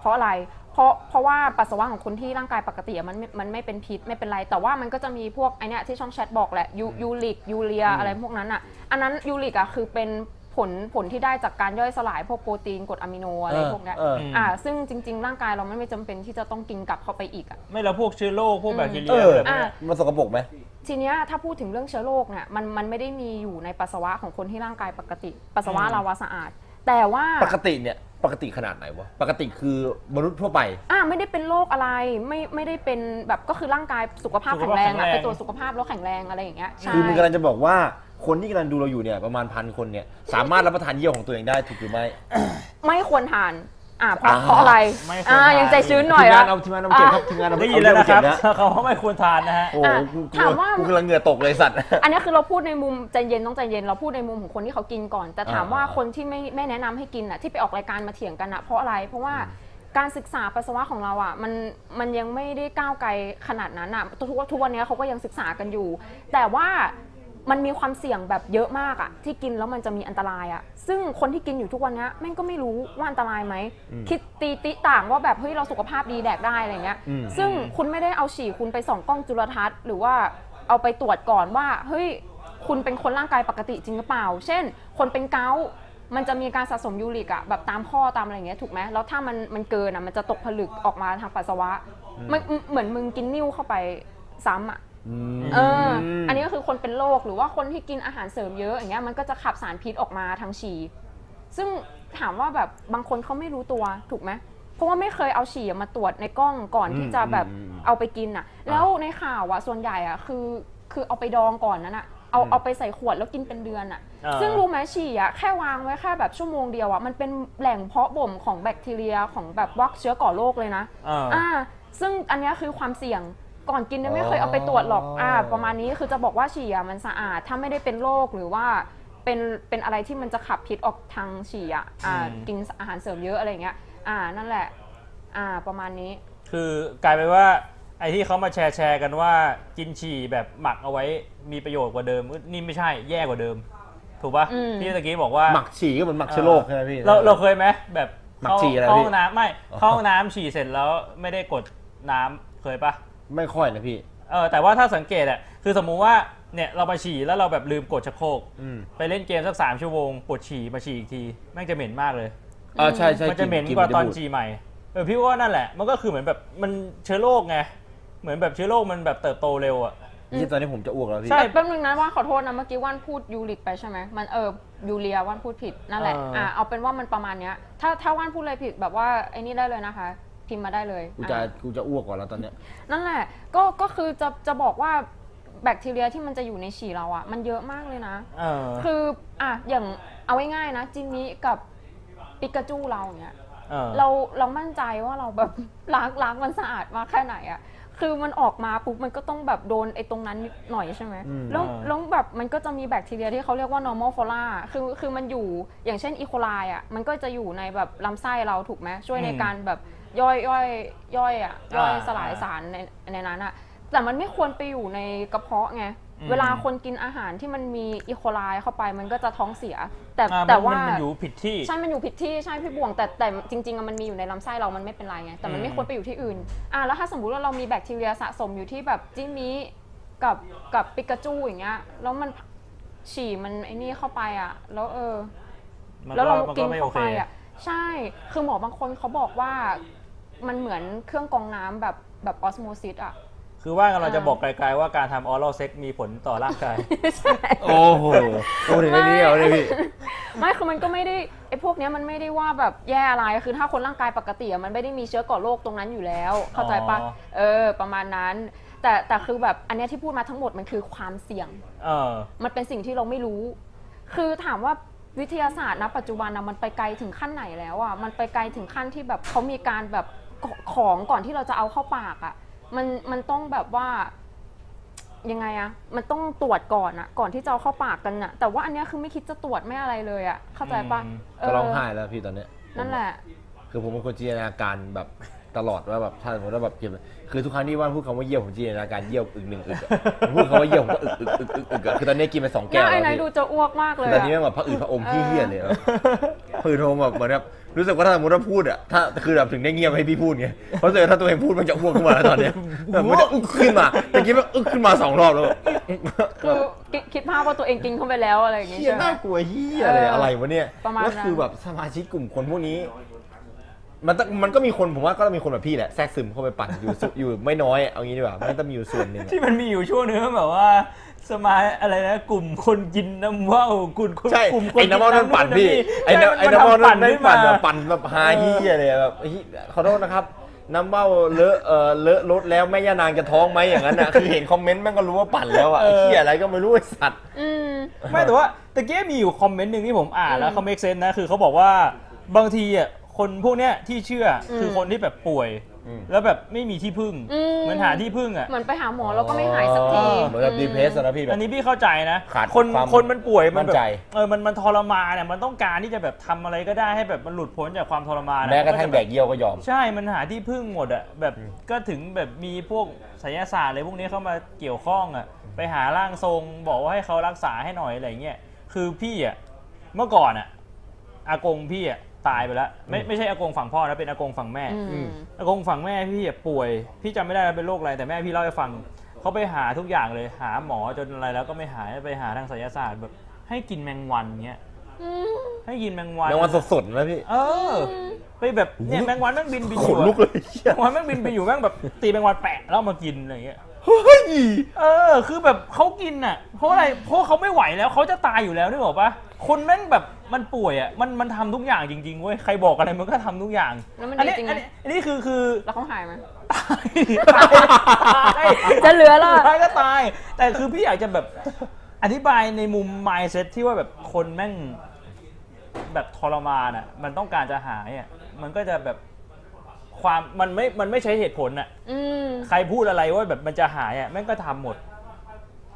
[SPEAKER 3] เพราะอะไร เพราะเพราะว่าปัสสาวะของคนที่ร่างกายปกติอะมันไม่มันไม่เป็นพิษไม่เป็นไร แต่ว่ามันก็จะมีพวกไอเนี้ยที่ช่องแชทบอกแหละยูยูริกยูเรียอะไรพวกนั้นอะอันนั้นยูริกอะคือเป็นผลผลที่ได้จากการย่อยสลายพวกโปรตีนกรดอะมิโนอะไร
[SPEAKER 1] เออ
[SPEAKER 3] พวกเนี้ย
[SPEAKER 1] เออ
[SPEAKER 3] อ่าซึ่งจริง ๆ ร่างกายเรามันไม่จำเป็นที่จะต้องกินกลับเข้าไปอีกอะ
[SPEAKER 2] ไม่แล้วพวกเชื้อโรคพวกแบคทีเรี
[SPEAKER 1] เอย อ
[SPEAKER 2] แบบ
[SPEAKER 3] อ่ะ
[SPEAKER 2] เนี้ย
[SPEAKER 1] มันสกปรกไหม
[SPEAKER 3] ทีเนี้ยถ้าพูดถึงเรื่องเชื้อโรคเนี่ยมันมันไม่ได้มีอยู่ในปัสสาวะของคนที่ร่างกายปกติ ปัสสาวะ
[SPEAKER 2] อืม
[SPEAKER 3] เราอะสะอาด แต่ว่า
[SPEAKER 1] ปกติเนี่ย ปกติขนาดไหนวะ ปกติคือมนุษย์ทั่วไป
[SPEAKER 3] อ่าไม่ได้เป็นโรคอะไรไม่ไม่ได้เป็นแบบก็คือร่างกายสุขภาพแข็งแรงอะ
[SPEAKER 2] สุขภาพแข็งแรง
[SPEAKER 3] ไปตรวจสุขภาพแล้วแข็งแรงอะไรอย่างเงี้ยใช่
[SPEAKER 1] คือมึงกำลังจะบอกว่าคนที่กำลังดูเราอยู่เนี่ยประมาณพันคนเนี่ย สามารถรับประทานเยี่ยวของตัวเองได้ถูกหรือไม่
[SPEAKER 3] ไม่ควรทานอ่าเพราะ
[SPEAKER 1] อ่า
[SPEAKER 3] เพราะอะไร
[SPEAKER 2] ไม่ควร
[SPEAKER 3] อ่า
[SPEAKER 2] ทาน
[SPEAKER 3] ยังใจชื้นหน่
[SPEAKER 1] ทีม
[SPEAKER 3] อย
[SPEAKER 1] งา
[SPEAKER 3] ละ
[SPEAKER 1] นเอาทีมงานเอาเก็บครับทีมงานเอา
[SPEAKER 2] ได้ยินแล้ว
[SPEAKER 1] เอา
[SPEAKER 2] นะค
[SPEAKER 1] เก็
[SPEAKER 2] รับ
[SPEAKER 1] นะ
[SPEAKER 2] บ เขาไม่ควรทานนะฮะ
[SPEAKER 1] โอ้โห
[SPEAKER 3] อ่ะ
[SPEAKER 1] กูก
[SPEAKER 3] ถามว่า
[SPEAKER 1] กูกำลังเหงื่อตกเลยสัตว์
[SPEAKER 3] อันนี้คือเราพูดในมุมใจเย็นต้องใจเย็นเราพูดในมุมของคนที่เขากินก่อน แต่ถามว่า
[SPEAKER 1] อ่า
[SPEAKER 3] คนที่ไม่ไม่แนะนำให้กินอ่ะที่ไปออกรายการมาเถียงกันอ่ะเพราะอะไร เพราะว่าการศึกษาปัสสาวะของเราอ่ะมันมันยังไม่ได้ก้าวไกลขนาดนั้นอ่ะทุกทุกวันนี้เขาก็ยังศึกษากันอยู่ แต่ว่ามันมีความเสี่ยงแบบเยอะมากอ่ะที่กินแล้วมันจะมีอันตรายอ่ะซึ่งคนที่กินอยู่ทุกวันนี้แม่งก็ไม่รู้ว่าอันตรายไหมคิดตีติต่างว่าแบบเฮ้ยเราสุขภาพดีแดกได้อะไรเงี้ย ซึ่งคุณไม่ได้เอาฉี่คุณไปส่องกล้องจุลทรรศน์ หรือว่าเอาไปตรวจก่อนว่า เฮ้ย คุณเป็นคนร่างกายปกติจริงหรือเปล่า เช่น คนเป็นเกาต์มันจะมีการสะสมยูริกอะแบบตามข้อตามอะไรอย่างเงี้ยถูกไหมแล้วถ้ามันมันเกินอะมันจะตกผลึกออกมาทางปัสสาวะมันเหมือนมึงกินนิ้วเข้าไปซ้ำอะเออออันนี้ก็คือคนเป็นโรคหรือว่าคนที่กินอาหารเสริมเยอะอย่างเงี้ยมันก็จะขับสารพิษออกมาทางฉี่ซึ่งถามว่าแบบบางคนเขาไม่รู้ตัวถูกไหม เพราะว่าไม่เคยเอาฉี่มาตรวจในกล้องก่อน
[SPEAKER 4] อืม
[SPEAKER 3] ที่จะแบบ
[SPEAKER 4] อืมอืม
[SPEAKER 3] เอาไปกินอ่ะ แล้วในข่าวอ่ะส่วนใหญ่อ่ะคือคือเอาไปดองก่อนนั้นอ่ะเอา
[SPEAKER 4] อืม
[SPEAKER 3] เอาไปใส่ขวดแล้วกินเป็นเดือนอ่ะ
[SPEAKER 2] อ่า
[SPEAKER 3] ซึ่งรู้ไหมฉี่อ่ะแค่วางไว้แค่แบบชั่วโมงเดียวอ่ะมันเป็นแหล่งเพาะบ่มของแบคทีเรียของแบบวักเชื้อก่อโรคเลยนะ
[SPEAKER 2] อ่า
[SPEAKER 3] อ่า ซึ่งอันเนี้ยคือความเสี่ยง ก่อนกินเนี่ยไม่เคยเอาไปตรวจหรอก อ่า ประมาณนี้คือจะบอกว่าฉี่อ่ะมันสะอาด ถ้าไม่ได้เป็นโรคหรือว่าเป็น เป็นอะไรที่มันจะขับพิษออกทางฉี่อ่ะ อ่า
[SPEAKER 2] อืม
[SPEAKER 3] กินอาหารเสริมเยอะอะไรเงี้ย อ่า นั่นแหละ อ่า ประมาณนี้
[SPEAKER 2] คือกลายเป็นว่าไอ้ที่เขามาแชร์แชร์กันว่ากินฉี่แบบหมักเอาไว้มีประโยชน์กว่าเดิมนี่ไม่ใช่แย่กว่าเดิม ถูกปะ
[SPEAKER 3] อืม
[SPEAKER 2] ที่ตะกี้บอกว่า
[SPEAKER 1] หมักฉี่ก็เหมือนหมักเชื้อโรคใช่ไหมพี่
[SPEAKER 2] เราเราเคยไหมแบบ
[SPEAKER 1] หมักฉี่อะไร
[SPEAKER 2] เข้า
[SPEAKER 1] พี่
[SPEAKER 2] ห้องน้ำไม่เข้าห้องน้ำฉี่เสร็จแล้วไม่ได้กดน้ำเคยปะ
[SPEAKER 1] ไม่ค่อยนะพี่
[SPEAKER 2] เออแต่ว่าถ้าสังเกตอะคือสมมุติว่าเนี่ยเราไปฉี่แล้วเราแบบลืมกดชักโครก
[SPEAKER 1] อืม
[SPEAKER 2] ไปเล่นเกมสักสามชั่วโมงปวดฉี่มาฉี่อีกทีแม่งจะเหม็นมากเลย
[SPEAKER 1] อ่าใช่ใช่
[SPEAKER 2] มันจะเหม็น
[SPEAKER 1] ลิ่
[SPEAKER 2] กว่าตอน
[SPEAKER 1] มัจะบูด
[SPEAKER 2] จีใหม่ เออพี่ว่านั่นแหละ มันก็คือเหมือนแบบมันเชื้อโรคไง เหมือนแบบเชื้อโรคมันแบบเติบโตเร็วอ่ะ
[SPEAKER 1] นี่ตอนนี้ผมจะอ้วกแล้วพี่
[SPEAKER 2] ใช่
[SPEAKER 3] แต่แป๊บนึงนะว่าขอโทษนะ เมื่อกี้ว่านพูดยูริกไปใช่ไหมมันเออยูเรียว่านพูดผิดนั่นแหละ
[SPEAKER 2] เอออ่
[SPEAKER 3] อ่า เอาเป็นว่ามันประมาณเนี้ย ถ้า ถ้าว่านพูดอะไรผิดแบบว่าไอ้นี่ได้เลยนะคะ พิมพ์มาได้เลย
[SPEAKER 1] กูจะ
[SPEAKER 3] อ่า
[SPEAKER 1] กูจะอ้วกก่อนแล้วตอนเนี้ย
[SPEAKER 3] นั่นแหละ ก็ ก็คือจะ จะบอกว่าแบคทีเรียที่มันจะอยู่ในฉี่เราอะมันเยอะมากเลยนะ
[SPEAKER 2] เออ
[SPEAKER 3] คือ อ่ะ อย่าง เอาง่ายๆนะ จิมมี่กับปิกาจูเราอย่างเนี้ย
[SPEAKER 2] เออ
[SPEAKER 3] เรา เรามั่นใจว่าเราแบบ ล้าง ล้างมันสะอาดมากแค่ไหนอะคือมันออกมาปุ๊บ มันก็ต้องแบบโดนไอ้ตรงนั้นนิดหน่อยใช่ไหม
[SPEAKER 1] อืม
[SPEAKER 3] แล้ว
[SPEAKER 2] อ่า
[SPEAKER 3] แล้วแบบ มันก็จะมีแบคทีเรียที่เขาเรียกว่า normal flora คือ คือมันอยู่ อย่างเช่นอีโคไลอะมันก็จะอยู่ในแบบลำไส้เราถูกไหมช่วยในการแบบย่อยย่อยย่อยอะย่อยสลายสาร สารในในนั้นอะแต่มันไม่ควรไปอยู่ในกระเพาะไง
[SPEAKER 2] อืม
[SPEAKER 3] เวลาคนกินอาหารที่มันมีอีโคไลเข้าไปมันก็จะท้องเสีย แต่
[SPEAKER 2] อ่ะ
[SPEAKER 3] แต่
[SPEAKER 2] มัน
[SPEAKER 3] ว่าน
[SPEAKER 2] อยู่ผิดที่
[SPEAKER 3] ใช่ มันอยู่ผิดที่ใช่พี่บ่วง แต่แต่จริงๆอะมันมีอยู่ในลำไส้เรามันไม่เป็นไรไง แต่มันไม่
[SPEAKER 2] อืม
[SPEAKER 3] ควรไปอยู่ที่อื่น อ่ะแล้วถ้าสมมติว่าเรามีแบคทีเรียสะสมอยู่ที่แบบจิมมี่กับกับปิกาจูอย่างเงี้ย แล้วมันฉี่มันไอ้นี่เข้าไปอ่ะ แล้วเออ
[SPEAKER 2] มัน
[SPEAKER 3] แล้วเรา
[SPEAKER 2] มัน
[SPEAKER 3] กิน
[SPEAKER 2] ไม่โอ
[SPEAKER 3] เข้า
[SPEAKER 2] เค
[SPEAKER 3] ไปอ่ะใช่ คือหมอบางคนเขาบอกว่ามันเหมือนเครื่องกรองน้ำแบบแบบออสโมซิสอ่ะ
[SPEAKER 2] คือว่ากำลังจะบอกไกลๆว่าการทำออรัลเซ็กมีผลต่อร่างกาย
[SPEAKER 3] ใช่
[SPEAKER 1] โอ้โหโอ้เดี๋ยวนี้เอาเลยพี่
[SPEAKER 3] ไม่คือมันก็ไม่ได้ไอ้พวกเนี้ยมันไม่ได้ว่าแบบแย่อะไรคือถ้าคนร่างกายปกติอะมันไม่ได้มีเชื้อก่อโรคตรงนั้นอยู่แล้ว เข้าใจปะ
[SPEAKER 2] อ๋อ
[SPEAKER 3] เออ ประมาณนั้น แต่แต่คือแบบอันเนี้ยที่พูดมาทั้งหมดมันคือความเสี่ยง
[SPEAKER 2] เออ
[SPEAKER 3] มันเป็นสิ่งที่เราไม่รู้ คือถามว่าวิทยาศาสตร์นะปัจจุบันนะมันไปไกลถึงขั้นไหนแล้วอ่ะ มันไปไกลถึงขั้นที่แบบเขามีการแบบขของก่อนที่เราจะเอาเข้าปากอ่ะ มันมันต้องแบบว่ายังไงอ่ะ มันต้องตรวจก่อนอ่ะ ก่อนที่จะเอาเข้าปากกันอ่ะ แต่ว่าอันเนี้ยคือไม่คิดจะตรวจไม่อะไรเลยอ่ะ เข้าใจปะ
[SPEAKER 2] อืม
[SPEAKER 3] เออ
[SPEAKER 1] จะร้องไห้แล้วพี่ตอนเนี้ย
[SPEAKER 3] นั่นแหละ
[SPEAKER 1] คือผมเป็นคนจินตนาการแบบตลอดว่าแบบถ้าสมมติว่าแบบเก็บคือทุกครั้งที่ว่านพูดคำว่าเยี่ยวผมจินตนาการเยี่ยวอึกหนึ่งอึกอะผมพูดคำว่าเยี่ยวผมก็อึกอึกอึกอึกอึกอะคือตอนนี้กินไปสองแก้วย
[SPEAKER 3] เนี่
[SPEAKER 1] แล้วน
[SPEAKER 3] ไอ้าย
[SPEAKER 1] พี่
[SPEAKER 3] ดูจะอ้วกมากเลย
[SPEAKER 1] ตอน
[SPEAKER 3] อ่ะ
[SPEAKER 1] นี้แบบพระอืดพระอม
[SPEAKER 3] เออ
[SPEAKER 1] ที่เหี้ยเลยครับพระอืดพระอมแบบเหมือนแบบรู้สึกว่าถ้าสมมติว่าพูดอะถ้าคือแบบถึงได้เงียบให้พี่พูดไงเพราะรู้สึกว่าถ้าตัวเองพูดมันจะอ้วกขึ้นมาแล้วตอนเนี้ยแบบมันจะอึกขึ้นมาแต่กี้มันอึกขึ้นมาสองรอบแล้วแบบ
[SPEAKER 3] คือคิดคิดภาพว่าตัวเองกินเข้าไปแล้วอะไรอย่างงี้
[SPEAKER 1] เหี้ย
[SPEAKER 3] ใช่ไหม
[SPEAKER 1] น่ากลัวเหี้ยเลยอะไรวะเนี่ย
[SPEAKER 3] ประมาณนั้น
[SPEAKER 1] แล้วคือแบบสมาชิกกลุ่มคนพวกนี้ มันต้องมันก็มีคนผมว่าก็ต้องมีคนแบบพี่แหละแทรกซึมเข้าไปปั่นอยู่ สุอยู่ไม่น้อยเอางี้ดีกว่ามันต้องมีอยู่ส่วนหนึ่งอะ
[SPEAKER 2] ที่มันมีอยู่ช่วงนึงแบบว่า สมาอะไรนะกลุ่มคนกินน้ำว่าวกลุ่มคน
[SPEAKER 1] ใช่
[SPEAKER 2] กลุ่มค
[SPEAKER 1] ไอ้
[SPEAKER 2] กิ
[SPEAKER 1] น้ำมันนั่นปั่นพี่ไอ้
[SPEAKER 2] ใช่
[SPEAKER 1] น้ำไอ้
[SPEAKER 2] มั
[SPEAKER 1] น้ำมัน
[SPEAKER 2] ทำ
[SPEAKER 1] นั่นไม่
[SPEAKER 2] ขึ้
[SPEAKER 1] ปั่นแบบ
[SPEAKER 2] มา
[SPEAKER 1] ปั่นแบบฮาฮียเลยแบบเฮ้ยขอโทษนะครับ น้ำเบ้าเลอะเออเลอะรถแล้วแม่ย่านางจะท้องไหมอย่างนั้นนะคือ เห็นคอมเมนต์แม่งก็รู้ว่าปั่นแล้วอ่ะไอ้เฮียอะไรก็ไม่รู้ไอ้สัตว์
[SPEAKER 3] อืม
[SPEAKER 2] ไม่แต่ว่าตะเกียมีอยู่คอมเมนต์หนึ่งที่ผมอ่านแล้วเขา make sense นะ คือเขาบอกว่าบางทีอ่ะคนพวกเนี้ยที่เชื่ออ
[SPEAKER 3] ม
[SPEAKER 2] คือคนที่แบบป่วย
[SPEAKER 1] อืม
[SPEAKER 2] แล้วแบบไม่มีที่พึ่ง
[SPEAKER 3] อืม
[SPEAKER 2] เหมือนหาที่พึ่งอ่ะ
[SPEAKER 3] เหมือนไปหาหมอแล้วก็ไม่หายสักที
[SPEAKER 1] เหมือนกับดีเพสนะพี่แบ
[SPEAKER 2] อั
[SPEAKER 1] บ
[SPEAKER 2] นนี้พี่เข้าใจนะ
[SPEAKER 1] ขาด
[SPEAKER 2] คน
[SPEAKER 1] ความ
[SPEAKER 2] คนมันป่วยมัน
[SPEAKER 1] มั่
[SPEAKER 2] แบ
[SPEAKER 1] นใจ
[SPEAKER 2] บเออมันมันทรมานเนี่ยมันต้องการที่จะแบบทำอะไรก็ได้ให้แบบมันหลุดพ้นจากความทรมานอ
[SPEAKER 1] แม้กระทั่งแด
[SPEAKER 2] บบ
[SPEAKER 1] กเยี่ยวก็ยอม
[SPEAKER 2] ใช่ มันหาที่พึ่งหมดอ่ะแบบก็ถึงแบบมีพวกไสยศาสตร์อะไรพวกนี้เข้ามาเกี่ยวข้องอ่ะไปหาร่างทรงบอกว่าให้เขารักษาให้หน่อยอะไรเงี้ยคือพี่อ่ะเมื่อก่อนอ่ะอากงพี่อ่ะตายไปแล้วไม่ไม่ใช่อากงฝั่งพ่อนะเป็นอากงฝั่งแม่
[SPEAKER 3] อืม
[SPEAKER 2] อากงฝั่งแม่พี่อะป่วย พี่จำไม่ได้ว่าเป็นโรคอะไรแต่แม่พี่เล่าให้ฟังเขาไปหาทุกอย่างเลยหาหมอจนอะไรแล้วก็ไม่หายไปหาทางไสยศาสตร์แบบ ให้กินแมงวันเงี้ยให้กินแมงวัน
[SPEAKER 1] แม้วันสดๆนะพี่
[SPEAKER 2] เออไปแบบเนี่ยแมงวันแม่งบินบินอ
[SPEAKER 1] ขน
[SPEAKER 2] ยู่อะ
[SPEAKER 1] ลุกเลยเหี้ย
[SPEAKER 2] แมงวันแม่งบินไปอยู่แม่งแบบตีแมงวันแปะแล้วเอามากินอะไรเงี้ย
[SPEAKER 4] เฮ้ย
[SPEAKER 2] เออ คือแบบเขากินอ่ะ เพราะอะไร เพราะเขาไม่ไหวแล้วเขาจะตายอยู่แล้วนึกออกปะคนแม่งแบบมันป่วยอ่ะ มันมันทำทุกอย่างจริงๆเว้ย ใครบอกอะไรมันก็ทำทุกอย่าง
[SPEAKER 3] แล้วมัน
[SPEAKER 2] นี้
[SPEAKER 3] ดีจริงไหม
[SPEAKER 2] อันี้อันนี้คือคือ
[SPEAKER 3] แล้วเขาหายไหม
[SPEAKER 2] ตายตาย
[SPEAKER 3] จะเหลือเหรอ
[SPEAKER 2] ตายก็ตาย แต่คือพี่อยากจะแบบ อธิบายในมุม mindset ที่ว่าแบบคนแม่งแบบทรมานอ่ะ มันต้องการจะหายอ่ะ มันก็จะแบบความ มันไม่ มันไม่ใช้เหตุผลอ่ะ
[SPEAKER 3] อืม
[SPEAKER 2] ใครพูดอะไรว่าแบบมันจะหายอ่ะแม่งก็ทำหมด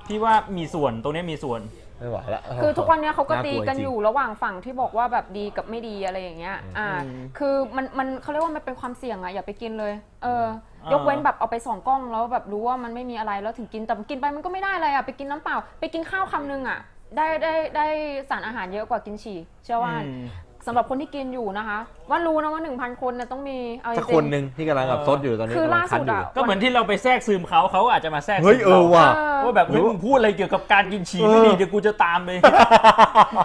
[SPEAKER 2] พี่ว่ามีส่วนตรงเนี้ยมีส่วน
[SPEAKER 1] ไม่ไหวละ
[SPEAKER 3] คือทุกวันเนี้ยเขาก็ตีกั
[SPEAKER 1] น่าก
[SPEAKER 3] น
[SPEAKER 1] ลัวจริง
[SPEAKER 3] อยู่ระหว่างฝั่งที่บอกว่าแบบดีกับไม่ดีอะไรอย่างเงี้ย อ่า
[SPEAKER 2] อืม
[SPEAKER 3] คือมันมันเขาเรียกว่ามันเป็นความเสี่ยงอะอย่าไปกินเลย เออ
[SPEAKER 2] อ่าย ย
[SPEAKER 3] กเว้นแบบเอาไปสองกล้องแล้วแบบรู้ว่ามันไม่มีอะไรแล้วถึงกินแต่กินไปมันก็ไม่ได้อะไรอะไปกินน้ำเปล่า ไปกินข้าวคำนึงอะได้ได้ได้สารอาหารเยอะกว่ากินฉี่เชื่อว่า
[SPEAKER 2] อืม
[SPEAKER 3] สำหรับคนที่กินอยู่นะคะว่ารู้นะว่า 1,000 คนเนี่ยต้องมีเอาจ
[SPEAKER 1] สัก
[SPEAKER 3] ริ
[SPEAKER 1] คน
[SPEAKER 3] งๆ
[SPEAKER 1] หนึ่งที่กำลังแบบซดอยู่ตอน
[SPEAKER 3] คือก
[SPEAKER 1] นี้ำลั
[SPEAKER 3] ล่าง
[SPEAKER 1] คัด
[SPEAKER 3] สุด
[SPEAKER 1] อยู่
[SPEAKER 3] อะ
[SPEAKER 2] ก็เหมือนที่เราไปแทรกซึมเขาเขาอาจจะมาแทรกซึม
[SPEAKER 1] เฮ้ยเออว่ะ
[SPEAKER 3] เอ
[SPEAKER 2] รา
[SPEAKER 3] อ
[SPEAKER 2] ว่าแบบเฮ้ยมึงพูดอะไรเกี่ยวกับการกินฉี่ไม่ดี
[SPEAKER 1] เออ
[SPEAKER 2] เดี๋ยวกูจะ ตามเลย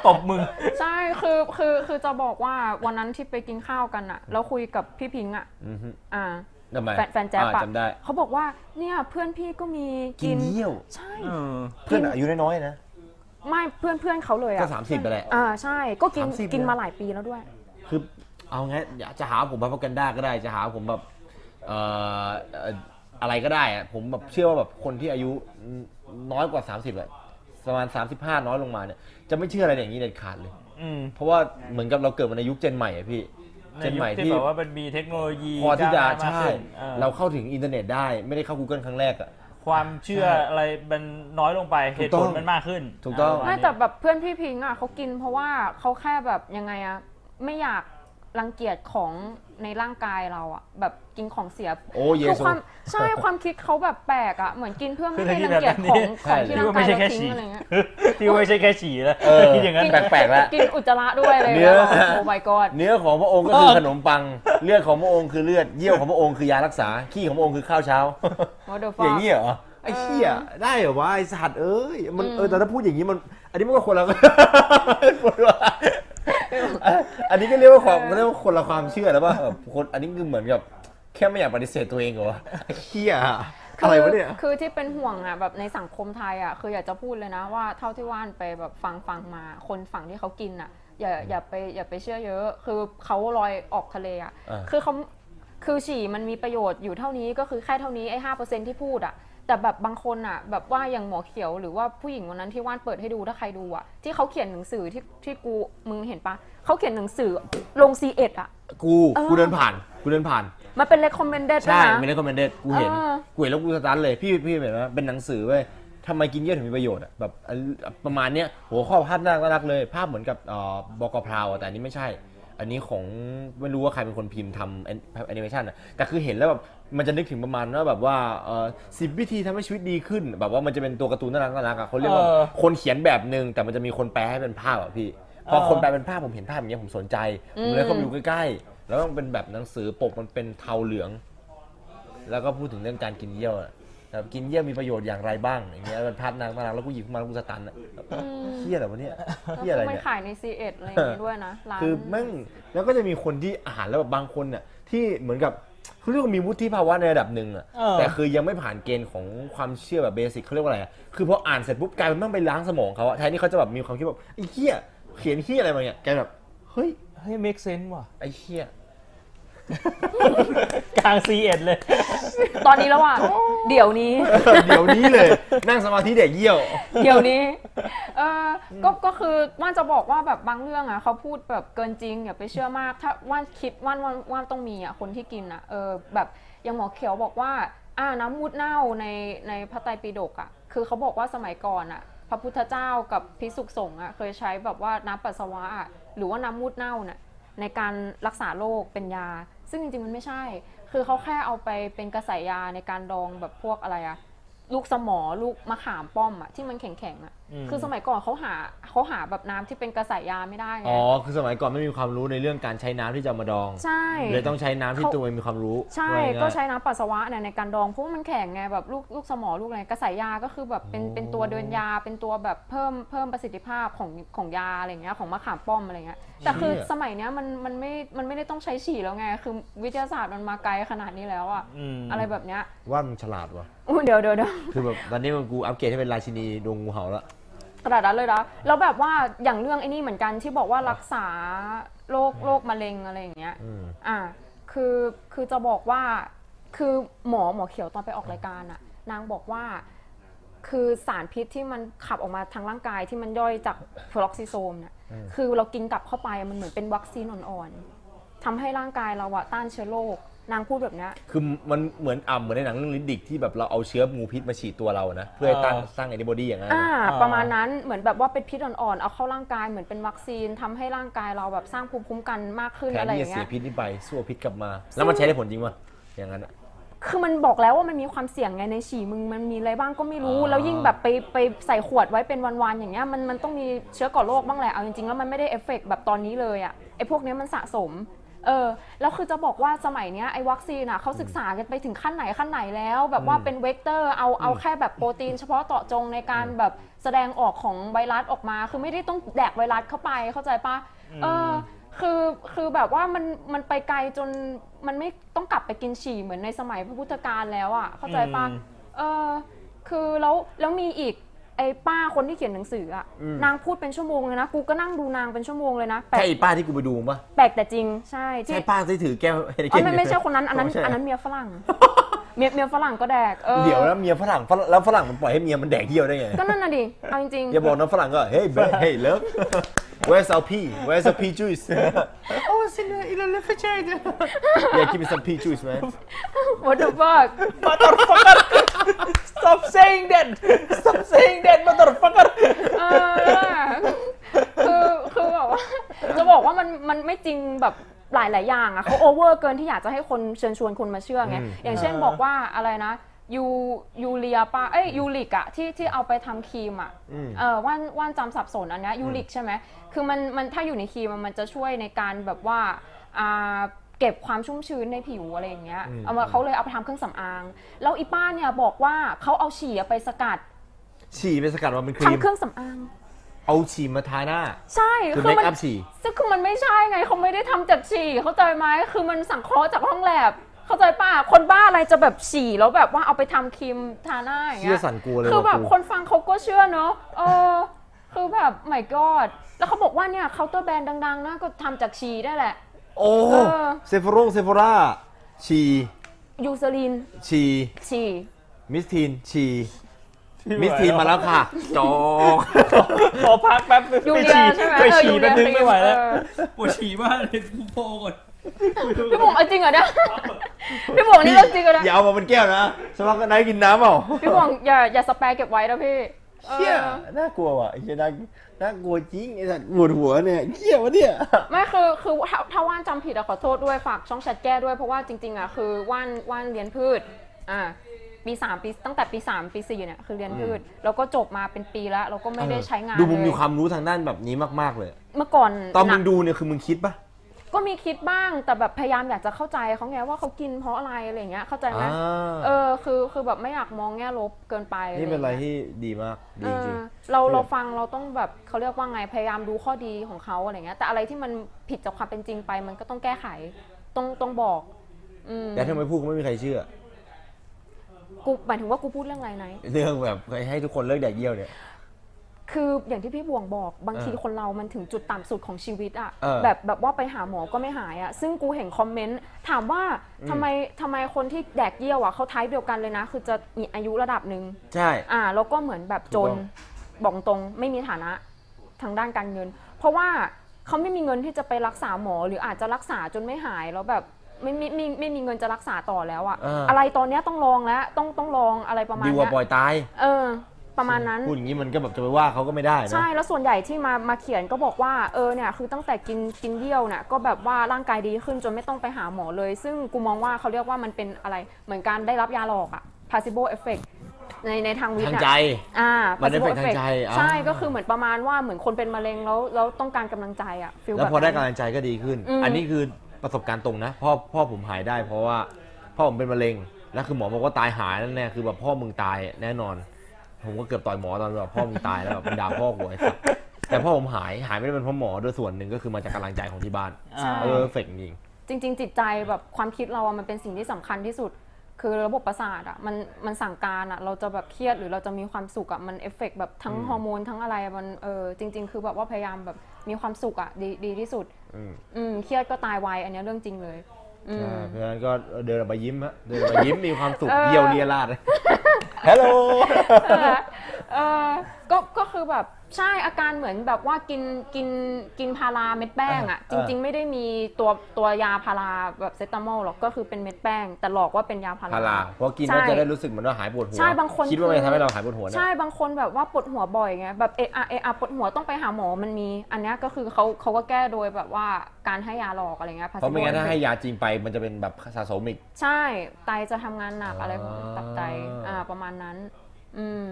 [SPEAKER 2] ตบมึง
[SPEAKER 3] ใช่ คือ คือ คือจะบอกว่าวันนั้นที่ไปกินข้าวกันอะแล้วคุยกับพี่พิงค์อะ
[SPEAKER 1] อือฮึ
[SPEAKER 3] อ่า
[SPEAKER 1] ทำไม
[SPEAKER 3] แฟนแฟนแจ๊บ
[SPEAKER 1] อ่า
[SPEAKER 3] อะ
[SPEAKER 1] จำได้
[SPEAKER 3] เขาบอกว่า เนี่ยเพื่อนพี่ก็มี
[SPEAKER 1] กินเยี่ยว
[SPEAKER 3] ใช่
[SPEAKER 2] เออ
[SPEAKER 1] เพื่อนอายุน้อยๆนะ
[SPEAKER 3] ไม่เพื่อนเพื่อนเขาเลย
[SPEAKER 1] ก็
[SPEAKER 3] อ่ะ
[SPEAKER 1] สามสิบไปแหละ
[SPEAKER 3] อ่าใช่ ก็กิน
[SPEAKER 1] สามสิบ
[SPEAKER 3] กิน
[SPEAKER 1] เลย
[SPEAKER 3] มาหลายปีแล้วด้วย
[SPEAKER 1] คือเอางั้นอยากจะหาผมแบบพกันด้าก็ได้จะหาผมแบบเอ่อเอ่ออะไรก็ได้อะผมแบบเชื่อว่าแบบคนที่อายุน้อยกว่า 30เลยประมาณ 35 น้อยลงมาเนี่ยจะไม่เชื่ออะไรอย่างนี้เด็ดขาดเลย
[SPEAKER 2] อืม
[SPEAKER 1] เพราะว่าเหมือนกับเราเกิดมาในยุคเจนใหม่อะพี่
[SPEAKER 2] ใน
[SPEAKER 1] เจน
[SPEAKER 2] ยุ
[SPEAKER 1] ให
[SPEAKER 2] ค
[SPEAKER 1] ม่
[SPEAKER 2] ที่
[SPEAKER 1] ที่
[SPEAKER 2] แบบว่ามันมีเทคโนโลยี
[SPEAKER 1] พอที่จะ
[SPEAKER 2] ก้วหน้ามาก
[SPEAKER 1] ใช่
[SPEAKER 2] ขึ้นเออ
[SPEAKER 1] เราเข้าถึงอินเทอร์เน็ตได้ไม่ได้เข้า Google ครั้งแรกอะ
[SPEAKER 2] ความเชื่ออะไรมันน้อยลงไป
[SPEAKER 1] ถู
[SPEAKER 2] เห
[SPEAKER 1] ก
[SPEAKER 2] ตุ
[SPEAKER 1] ต้
[SPEAKER 2] ผ
[SPEAKER 1] อง
[SPEAKER 2] ลมันมากขึ้น
[SPEAKER 1] ถูกต้อง
[SPEAKER 2] ะประมา
[SPEAKER 3] ไม่
[SPEAKER 2] ณนี้
[SPEAKER 3] แต่แบบเพื่อนพี่พิงค์อ่ะเขากินเพราะว่าเขาแค่แบบยังไงอ่ะไม่อยากรังเกียจของในร่างกายเราอ่ะแบบกินของเสีย
[SPEAKER 1] โอ้เย
[SPEAKER 3] คือ
[SPEAKER 1] โซ
[SPEAKER 3] ความใช่ความคิดเขาแบบแปลกอ่ะเหมือนกินเพื่อไม่ให้รังเกียจของของที่
[SPEAKER 2] ที่
[SPEAKER 3] ร่า
[SPEAKER 2] ว่าก
[SPEAKER 3] งา
[SPEAKER 2] ไม่
[SPEAKER 3] ย
[SPEAKER 2] ใช่แค่
[SPEAKER 3] เราทิ้
[SPEAKER 2] ฉี่
[SPEAKER 3] งอะไรเงี้ย
[SPEAKER 2] ที่ว่าไม่ใช่แค่ฉี่แล้ว
[SPEAKER 1] เออ
[SPEAKER 2] คิดอย่างนั้น
[SPEAKER 1] แปลกๆแล้ว
[SPEAKER 3] กินอุจจาระด้วยเลย
[SPEAKER 1] เนื้อ
[SPEAKER 3] โอ้ my god
[SPEAKER 1] เนื้อของพระองค์ก็คือขนมปัง เลือดของพระองค์คือเลือดเยี่ยวของพระองค์คือยารักษาขี้ของพระองค์คือข้าวเช้า
[SPEAKER 3] what the
[SPEAKER 1] อย่า
[SPEAKER 3] fuck
[SPEAKER 1] งนี้เหรอไอ้เหี้ยได้เหรอวะไอ้สัตว์เอ้ยมันเออแต่ถ้าพูดอย่างนี้มัน อันนี้มันก็คนละ คนละอันนี้ก็เรียกว่าความเรียกว่าคนละความเชื่อแล้วป่ะแบบคนอันนี้คือเหมือนกับแค่ไม่อยากปฏิเสธตัวเองเหรอวะไอ้เหี้ยอะไรวะเนี่ย
[SPEAKER 3] คือที่เป็นห่วงอ่ะแบบในสังคมไทยอ่ะคืออยากจะพูดเลยนะว่าเท่าที่ว่านไปแบบฟังฟังมา คนฝั่งที่เขากินอ่ะอย่าอย่าไปอย่าไปเชื่อเยอะ คือเขาลอยออกทะเลอ่ะ
[SPEAKER 1] อ่า
[SPEAKER 3] คือเขาคือฉี่มันมีประโยชน์อยู่เท่านี้ก็คือแค่เท่านี้ไอ้ห้าเปอร์เซ็นที่พูดอ่ะแต่แบบบางคนอ่ะแบบว่าอย่างหมอเขียวหรือว่าผู้หญิงคนนั้นที่ว่านเปิดให้ดูถ้าใครดูอ่ะที่เขาเขียนหนังสือที่ที่กูมึงเห็นปะเขาเขียนหนังสือลง C ีเอ็ดอ่ะ
[SPEAKER 1] กู
[SPEAKER 3] เออ
[SPEAKER 1] กูเดินผ่านกูเดินผ่าน
[SPEAKER 3] มันเป็น recommended ด้ว
[SPEAKER 1] ใช่
[SPEAKER 3] ยนะ
[SPEAKER 1] ไม่ได้คอมเมนต์กูเห็น
[SPEAKER 3] เออ
[SPEAKER 1] กูเห็นแล้วกูสตันเลยพี่พี่เห็นไหมเป็นหนังสือเว้ยทำไมกินเยอะถึงมีประโยชน์อะแบบอันประมาณเนี้ยหัวข้อภาพน่ารักเลย ภาพเหมือนกับเอ่อบอกพราวอะแต่อันนี้ไม่ใช่ อันนี้ของไม่รู้ว่าใครเป็นคนพิมพ์ทำแอนิเมชันอะแต่คือเห็นแล้วแบบมันจะนึกถึงประมาณว่าแบบว่าสิบวิธีทำให้ชีวิตดีขึ้น แบบว่ามันจะเป็นตัวการ์ตูนน่ารักน่ารักอะเขาเรียกว่า
[SPEAKER 2] เออ
[SPEAKER 1] คนเขียนแบบหนึ่งแต่มันจะมีคนแปลให้เป็นภาพอะพี่พอ
[SPEAKER 2] เออ
[SPEAKER 1] คนแปลเป็นภาพผมเห็นภาพอย่างเงี้ยผมสนใจผมเลยเข้าไปดูใกล้ๆแล้วมันเป็นแบบหนังสือปกมันเป็นเทาเหลือง แล้วก็พูดถึงเรื่องการกินเยี่ยวอะแบบกินเยี่ยวมีประโยชน์อย่างไรบ้าง อย่างเงี้ยมันพัดนางมานางแล้วกูหยิบขึ้นมาแล้วกูสตันอะเฮี้ยอะไรวะเนี่ยเฮี้ยอะไร
[SPEAKER 3] มัน
[SPEAKER 1] เนี่ย
[SPEAKER 3] ขายใน C1 อะไรอย่างนี้ด้วยนะ ร้าน
[SPEAKER 1] คือแม่งแล้วก็จะมีคนที่อาหารแล้วแบบบางคนเนี่ยที่เหมือนกับเขาเรียกว่ามีวุฒิภาวะในระดับหนึ่งอะ
[SPEAKER 2] เออ
[SPEAKER 1] แต่คือยังไม่ผ่านเกณฑ์ของความเชื่อแบบเบสิกเขาเรียกว่าอะไรอะคือพออ่านเสร็จปุ๊บกลายเป็นแม่งไปล้างสมองเขาอะแทนที่เขาจะแบบมีความคิดแบบไอ้เฮี้ยเขียนเฮี้ยอะไรมาเนี่ยแกแบบเฮ้ย
[SPEAKER 2] เฮ้ย make sense ว่ะ
[SPEAKER 1] ไอ้เฮี้ย
[SPEAKER 2] กลาง C ีเอ็ดเลย
[SPEAKER 3] ตอนนี้แล้วอ่ะ เดี๋ยวนี้
[SPEAKER 1] เดี๋ยวนี้เลยนั่งสมาธิเด็กเยี่ยว
[SPEAKER 3] เดี๋ยวนี้ เออก็ก็คือว่านจะบอกว่าแบบบางเรื่องอ่ะเขาพูดแบบเกินจริงอย่าไปเชื่อมาก ถ้าว่านคิดว่านว่านว่านต้องมีอ่ะคนที่กินอ่ะเออแบบอย่างหมอเขียวบอกว่า อ่าน้ำมูดเน่าในในพระไตรปิฎกอ่ะคือเขาบอกว่าสมัยก่อนอ่ะ พระพุทธเจ้ากับพิสุกสงฆ์อ่ะเคยใช้แบบว่าน้ำปัสสาวะอะหรือว่าน้ำมูดเน่าน่ะในการรักษาโรคเป็นยา ซึ่งจริงๆมันไม่ใช่ คือเขาแค่เอาไปเป็นกระแสยาในการดองแบบพวกอะไรอะ ลูกสมอลูกมะขามป้อมอะที่มันแข็งๆอะ
[SPEAKER 2] อืม
[SPEAKER 3] คือสมัยก่อนเขาหาเขาหาแบบน้ำที่เป็นกระแสยาไม่ได้ไง
[SPEAKER 1] อ๋อ คือสมัยก่อนไม่มีความรู้ในเรื่องการใช้น้ำที่จะมาดอง
[SPEAKER 3] ใช่
[SPEAKER 1] เลยต้องใช้น้ำที่
[SPEAKER 3] เขา
[SPEAKER 1] ตัวเองมีความรู้
[SPEAKER 3] ใช่
[SPEAKER 1] ว่าง่ายๆ
[SPEAKER 3] ก็ใช้น้ำปัสสาวะเนี่ยในการดองเพราะว่ามันแข็งไงแบบลูกลูกสมอลูกอะไรกระแสยาก็คือแบบเป็นเป็นตัวเดินยาเป็นตัวแบบเพิ่มเพิ่มประสิทธิภาพของของยาอะไรอย่างเงี้ยของมะขามป้อมอะไรเงี้ยแต่คือ
[SPEAKER 1] เชี่ย
[SPEAKER 3] สมัยเนี้ยมันมันไม่มันไม่ได้ต้องใช้ฉี่แล้วไงคือวิทยาศาสตร์มันมาไกลขนาดนี้แล้วอะ
[SPEAKER 2] อืม
[SPEAKER 3] อะไรแบบเนี้ย
[SPEAKER 1] ว่ามึงฉลาดวะ
[SPEAKER 3] อู้เดี๋ยวเดี๋ยวเดี๋ยว
[SPEAKER 1] คือแบบตอนนี้มันกูอัปเกรดให้เป็นราชินีดวงงูเห่าแล้ว
[SPEAKER 3] ขนาดนั้นเลยนะแล้วแบบว่าอย่างเรื่องไอ้นี่เหมือนกันที่บอกว่ารักษาโรคโรคมะเร็งอะไรอย่างเงี้ย อ่า คือคือจะบอกว่าคือหมอหมอเขียวตอนไปออกรายการอะนางบอกว่า คือสารพิษที่มันขับออกมาทางร่างกายที่มันย่อยจากฟลอกซิโซมเนี่ยคือเรากินกลับเข้าไปมันเหมือนเป็นวัคซีนอ่อนๆทำให้ร่างกายเราอะต้านเชื้อโรคนางพูดแบบเนี้ย
[SPEAKER 1] คือมันเหมือนอ่ำเหมือนในหนังเรื่องลิดดิกที่แบบเราเอาเชื้องูพิษมาฉีดตัวเรานะ เพื่อให้ตั้ง
[SPEAKER 2] อ่า
[SPEAKER 1] สร้างแอนติบอดีอย่างนั้น
[SPEAKER 3] อ่า
[SPEAKER 1] นะ
[SPEAKER 2] อ่า
[SPEAKER 3] ประมาณนั้นเหมือนแบบว่าเป็นพิษอ่อนๆ เอาเข้าร่างกายเหมือนเป็นวัคซีนทำให้ร่างกายเราแบบสร้างภูมิคุ้มกันมากขึ้น
[SPEAKER 1] แทน
[SPEAKER 3] อะไรอ
[SPEAKER 1] ที่จะ
[SPEAKER 3] ย่าง
[SPEAKER 1] เสี
[SPEAKER 3] เงี้
[SPEAKER 1] ย
[SPEAKER 3] ย
[SPEAKER 1] พิษนี่ไปสู้เอาพิษกลับมา แล้วมันใช้ได้ผลจริงปะอย่างนั้นอะ
[SPEAKER 3] คือมันบอกแล้วว่ามันมีความเสี่ยงไงในฉี่มึงมันมีอะไรบ้างก็ไม่รู้
[SPEAKER 1] อ่า
[SPEAKER 3] แล้วยิ่งแบบไปไปใส่ขวดไว้เป็นวันๆอย่างเงี้ยมันมันต้องมีเชื้อก่อโรคบ้างแหละเอาจริงๆแล้วมันไม่ได้เอฟเฟกต์แบบตอนนี้เลยอะไอ้พวกเนี้ยมันสะสมเออแล้วคือจะบอกว่าสมัยเนี้ยไอ้วัคซีนอะเขาศึกษากันไปถึงขั้นไหนขั้นไหนแล้ว แบบว่าเป็นเวกเตอร์เอาเอาแค่แบบโปรตีน เฉพาะเจาะจงในการแบบแสดงออกของไวรัสออกมา คือไม่ได้ต้องแดกไวรัสเข้าไปเข้าใจปะเออ คือคือแบบว่ามันมันไปไกลจนมันไม่ต้องกลับไปกินฉี่เหมือนในสมัยพระพุทธกาลแล้วอะ่ะเข้าใจปะ
[SPEAKER 2] อืม
[SPEAKER 3] เออคือแล้วแล้วมีอีกไอ้ป้าคนที่เขียนหนังสืออะนางพูดเป็นชั่วโมงเลยนะกูก็นั่งดูนางเป็นชั่วโมงเลยนะแปล
[SPEAKER 1] ใช่
[SPEAKER 3] ก
[SPEAKER 1] ไอ้ป้าที่กูไปดูปะ
[SPEAKER 3] แปลกแต่จริงใช่
[SPEAKER 1] ใช่
[SPEAKER 3] ที่
[SPEAKER 1] ป้าที่ถือแก้วเฮลิ
[SPEAKER 3] อ๋
[SPEAKER 1] เก
[SPEAKER 3] อน ไม่ไม่ใช่คนนั้นอันนั้น
[SPEAKER 1] ไม่ใช่
[SPEAKER 3] อันนั้นเมียฝรั่งเมียเมียฝรั่งก็แดกเออ
[SPEAKER 1] เดี๋ยวแล้วเมียฝรั่งฝรั่งแล้วฝรั่งมันปล่อยให้เมียมันแดกเยี่ยวได้ไง
[SPEAKER 3] ก็นั่นน่ะดิเอาจริงๆ
[SPEAKER 1] อย่าบอกนะฝรั่งก็เฮ้ยเบเฮ้ยเลิฟ where's our pee where's our pee juice
[SPEAKER 2] โอ้สินะอีลันเลฟเชน
[SPEAKER 1] yeah give me some pee juice man
[SPEAKER 3] what the fuck
[SPEAKER 2] motherfucker stop saying that stop saying that motherfucker
[SPEAKER 3] เออคือคือแบบว่าจะบอกว่ามันมันไม่จริงแบบหลายหลายๆอย่างอะเขาโอเวอร์เกินที่อยากจะให้คนเชิญชวนคนมาเชื่อไงอย่างเช่นบอกว่าอะไรนะยูยูเลียปะเอ้ยยูริกอะที่ที่เอาไปทำครีมอะเออว่านว่านจำสับสนอันเนี้ยยูริกใช่ไหมคือมันมันถ้าอยู่ในครีมอะมันจะช่วยในการแบบว่าอ่าเก็บความชุ่มชื้นในผิวอะไรอย่างเงี้ยเอามาเขาเลยเอาไปทำเครื่องสำอางแล้วอีป้าเนี่ยบอกว่าเขาเอาฉี่อะไปสกัด
[SPEAKER 1] ฉี่เป็นสกัดมาเป็นค
[SPEAKER 3] ทำ
[SPEAKER 1] รีม
[SPEAKER 3] เครื่องสำอาง
[SPEAKER 1] เอาฉี่มาทาหน้า
[SPEAKER 3] ใช่
[SPEAKER 1] คือ
[SPEAKER 3] คื
[SPEAKER 1] เม
[SPEAKER 3] อ
[SPEAKER 1] ค
[SPEAKER 3] มัน
[SPEAKER 1] อัพฉี่
[SPEAKER 3] ซึ่งคือมันไม่ใช่ไงเขาไม่ได้ทำจากฉี่เข้าใจไหมคือมันสังเคราะห์จากห้องแลบเข้าใจป่ะคนบ้าอะไรจะแบบฉี่แล้วแบบว่าเอาไปทำครีมทาหน้าอย่างเงี้
[SPEAKER 1] เชื่อสั่นกลัวเลย
[SPEAKER 3] คือแบบ
[SPEAKER 1] ว่ะกู
[SPEAKER 3] คนฟังเขาก็เชื่อเนอะเออ คือแบบ my god แล้วเขาบอกว่าเนี่ยเคาน์เตอร์แบรนด์ดัง ๆนะก็ทำจากฉี่ได้แหละ
[SPEAKER 1] โอ้
[SPEAKER 3] เออ
[SPEAKER 1] เซฟรงเซฟราฉี่
[SPEAKER 3] ยูเซริน
[SPEAKER 1] ฉี่
[SPEAKER 3] ฉี่
[SPEAKER 1] มิสทีนชีมิสทีนมาแล้ว ค่ะ จอก
[SPEAKER 2] ขอพักแป๊บไป
[SPEAKER 3] ยูเรีย
[SPEAKER 2] ฉี่
[SPEAKER 3] ใช่ไหม
[SPEAKER 2] ไป
[SPEAKER 3] เออ
[SPEAKER 2] ฉี่
[SPEAKER 3] ยูเรี
[SPEAKER 2] แป๊
[SPEAKER 3] ย
[SPEAKER 2] บนึงไม่ไหวแล้ว
[SPEAKER 3] เออ
[SPEAKER 2] ปวดฉี่มากเลยกูโพก่อน
[SPEAKER 3] พี่ผมเอาจริงเหรอเนี่ย พี่ผมนี่เรื่องจริงเหรอ
[SPEAKER 1] อ
[SPEAKER 3] เนี่ย
[SPEAKER 1] ย่าเอามาเป็นแก้วนะสมัครกันไหนกินน้ำเปล่า
[SPEAKER 3] พี่ผมอย่าอย่าสแปรเก็บไว้นะพี่ออ
[SPEAKER 1] เชี่ยน่ากลัวว่ะไอ้เชี่ยน่าน่ากลัวจริงไอ้สัตว์ปวดหัวเนี่ยเชี่ยวะเนี่ย
[SPEAKER 3] ไม่คือคือถ้าถ้าว่านจำผิดอะขอโทษด้วยฝากช่องแชทแก้ด้วยเพราะว่าจริงๆอะคือว่านว่านเรียนพืชอ่าปีสามปีตั้งแต่ปีสามปีสี่เนี่ยคือเรียนพืช แล้วก็จบมาเป็นปีแล้วเราก็ไม่ได้ใช้งาน
[SPEAKER 1] ดูมึงมี
[SPEAKER 3] เลยว
[SPEAKER 1] คามรู้ทางด้านแบบนี้มาก ๆ เลย
[SPEAKER 3] เมื่อก่อน
[SPEAKER 1] ตอนมึง
[SPEAKER 3] น่ะ
[SPEAKER 1] ดูเนี่ยคือมึงคิดปะ
[SPEAKER 3] ก็มีคิดบ้างแต่แบบพยายามอยากจะเข้าใจเขาไงว่าเขากินเพราะอะไรอะไรอย่างเงี้ยเข้าใจไหม
[SPEAKER 1] อ่า
[SPEAKER 3] เออคือคือแบบไม่อยากมองแง่ลบเกินไป
[SPEAKER 1] นี่เป็นอะไร
[SPEAKER 3] ย่างงี้ย
[SPEAKER 1] ที่ดีมาก ดี
[SPEAKER 3] เอ
[SPEAKER 1] จริง
[SPEAKER 3] อเรา
[SPEAKER 1] เนี่ย
[SPEAKER 3] เราฟังเราต้องแบบเขาเรียกว่าไงพยายามดูข้อดีของเขาอะไรเงี้ยแต่อะไรที่มันผิดจากความเป็นจริงไป มันก็ต้องแก้ไขต้องต้องบอก อืม
[SPEAKER 1] แต่ทำไมพูดก็ไม่มีใครเชื่อ
[SPEAKER 3] กูหมายถึงว่ากูพูดเรื่องอะไรไหน
[SPEAKER 1] เรื่องแบบให้ทุกคนเลิกแดกเยี่ยวเนี่ย
[SPEAKER 3] คืออย่างที่พี่บวงบอกบางที
[SPEAKER 1] เออ
[SPEAKER 3] คนเรามันถึงจุดต่ำสุดของชีวิตอะ
[SPEAKER 1] เออ
[SPEAKER 3] แบบแบบว่าไปหาหมอก็ไม่หายอะซึ่งกูเห็นคอมเมนต์ถามว่าทำไมทำไมคนที่แดกเยี่ยวอะเขาไทป์เดียวกันเลยนะ คือจะมีอายุระดับหนึ่ง
[SPEAKER 1] ใช่
[SPEAKER 3] อ่าแล้วก็เหมือนแบบจน
[SPEAKER 1] ถูกต้
[SPEAKER 3] บอกตรงไม่มีฐานะทางด้านการเงิน เพราะว่าเขาไม่มีเงินที่จะไปรักษาหมอหรืออาจจะรักษาจนไม่หายแล้วแบบไม่ไม่ไม่ไม่มีเงินจะรักษาต่อแล้วอะอะไรตอนเนี้ยต้องลองแล้วต้องต้องลองอะไรประมาณ
[SPEAKER 1] ดีก
[SPEAKER 3] เนี้
[SPEAKER 1] ว่าย บอยตาย
[SPEAKER 3] เออ ประมาณนั้น
[SPEAKER 1] พูดอย่างนี้มันก็แบบจะไปว่าเขาก็ไม่ได้นะ
[SPEAKER 3] ใช่แล้วส่วนใหญ่ที่มามาเขียนก็บอกว่าเออเนี่ยคือตั้งแต่กินกินเยี่ยวเนี่ยก็แบบว่าร่างกายดีขึ้นจนไม่ต้องไปหาหมอเลย ซึ่งกูมองว่าเขาเรียกว่ามันเป็นอะไรเหมือนการได้รับยาหลอกอะ placebo effect ในในทางวิท
[SPEAKER 1] ทาง
[SPEAKER 3] ย์อะ
[SPEAKER 1] ใจ
[SPEAKER 3] อ่า
[SPEAKER 1] มัน
[SPEAKER 3] placebo
[SPEAKER 1] effect ทางใจอ่า
[SPEAKER 3] ใช่ก็คือเหมือนประมาณว่าเหมือนคนเป็นมะเร็งแล้วแล้วต้องการกำลังใจอะฟีล
[SPEAKER 1] แล้ว
[SPEAKER 3] แบบ
[SPEAKER 1] พอได้
[SPEAKER 3] นั้น
[SPEAKER 1] กำลังใจก็ดีขึ้น
[SPEAKER 3] อืม
[SPEAKER 1] อันนี้คือประสบการณ์ตรงนะ พ่อพ่อผมหายได้เพราะว่า พ่อผมเป็นมะเร็ง แล้วคือหมอบอกว่าตายหายนั่นแน่คือแบบพ่อมึงตายแน่นอน ผมก็เกือบต่อยหมอตอนแบบพ่อมึงตายแล้วแบบด่าพ่อกูไอ้สัสแต่พ่อผมหายหายไม่ได้เป็นเพราะหมอโดยส่วนหนึ่งก็คือมาจากกำลังใจของที่บ้าน
[SPEAKER 3] ใช่
[SPEAKER 1] เออเฟกจริง
[SPEAKER 3] จริง ๆ จิตใจแบบความคิดเราอะมันเป็นสิ่งที่สำคัญที่สุด คือระบบประสาทอ่ะมันมันสั่งการอ่ะเราจะแบบเครียดหรือเราจะมีความสุขอ่ะมันเอฟเฟกต์แบบทั้งฮอร์โมนทั้งอะไรอะมันเออจริง ๆ คือแบบว่าพยายามแบบมีความสุขอ่ะดีดีที่สุด
[SPEAKER 1] อืม
[SPEAKER 3] อืมเครียดก็ตายไวอันเนี้ยเรื่องจริงเลย อืม
[SPEAKER 1] ใช่เพราะฉะนั้นก็เดินออกมายิ้มฮะเดินออกมายิ้มมีความสุข
[SPEAKER 3] เออ
[SPEAKER 1] เยี่ยวเรียราด ฮัลโหล
[SPEAKER 3] เออก็ก็คือแบบใช่อาการเหมือนแบบว่ากินกินกินพาราเม็ดแป้งอ่ะจ
[SPEAKER 1] เออ
[SPEAKER 3] ริง ๆ ไม่ได้มีตัวตัวยาพาราแบบเซตามอลหรอกก็คือเป็นเม็ดแป้ง แต่หลอกว่าเป็นยาพารา
[SPEAKER 1] พาราเพราะกินแล้วจะได้รู้สึกเหมือนว่าหายปวดหัว
[SPEAKER 3] ใช่บางคน
[SPEAKER 1] คิดว่ามัน
[SPEAKER 3] คือ
[SPEAKER 1] ทำให้เราหายปวดหัวนะ
[SPEAKER 3] ใช่บางคนแบบว่าปวดหัวบ่อยไงแบบเอะอะเอะอะปวดหัวต้องไปหาหมอมันมี อันเนี้ยก็คือเขาเขาก็แก้โดยแบบว่าการให้ยาหลอกอะไรเงี้ย
[SPEAKER 1] เพราะไม่งั้น
[SPEAKER 3] placebo
[SPEAKER 1] ถ้าให้ยาจริงไปมันจะเป็นแบบสะสมอีก
[SPEAKER 3] ใช่ไตจะทำงานหนักอะไร
[SPEAKER 1] อ่า
[SPEAKER 3] ตับไตอ่าประมาณนั้น อืม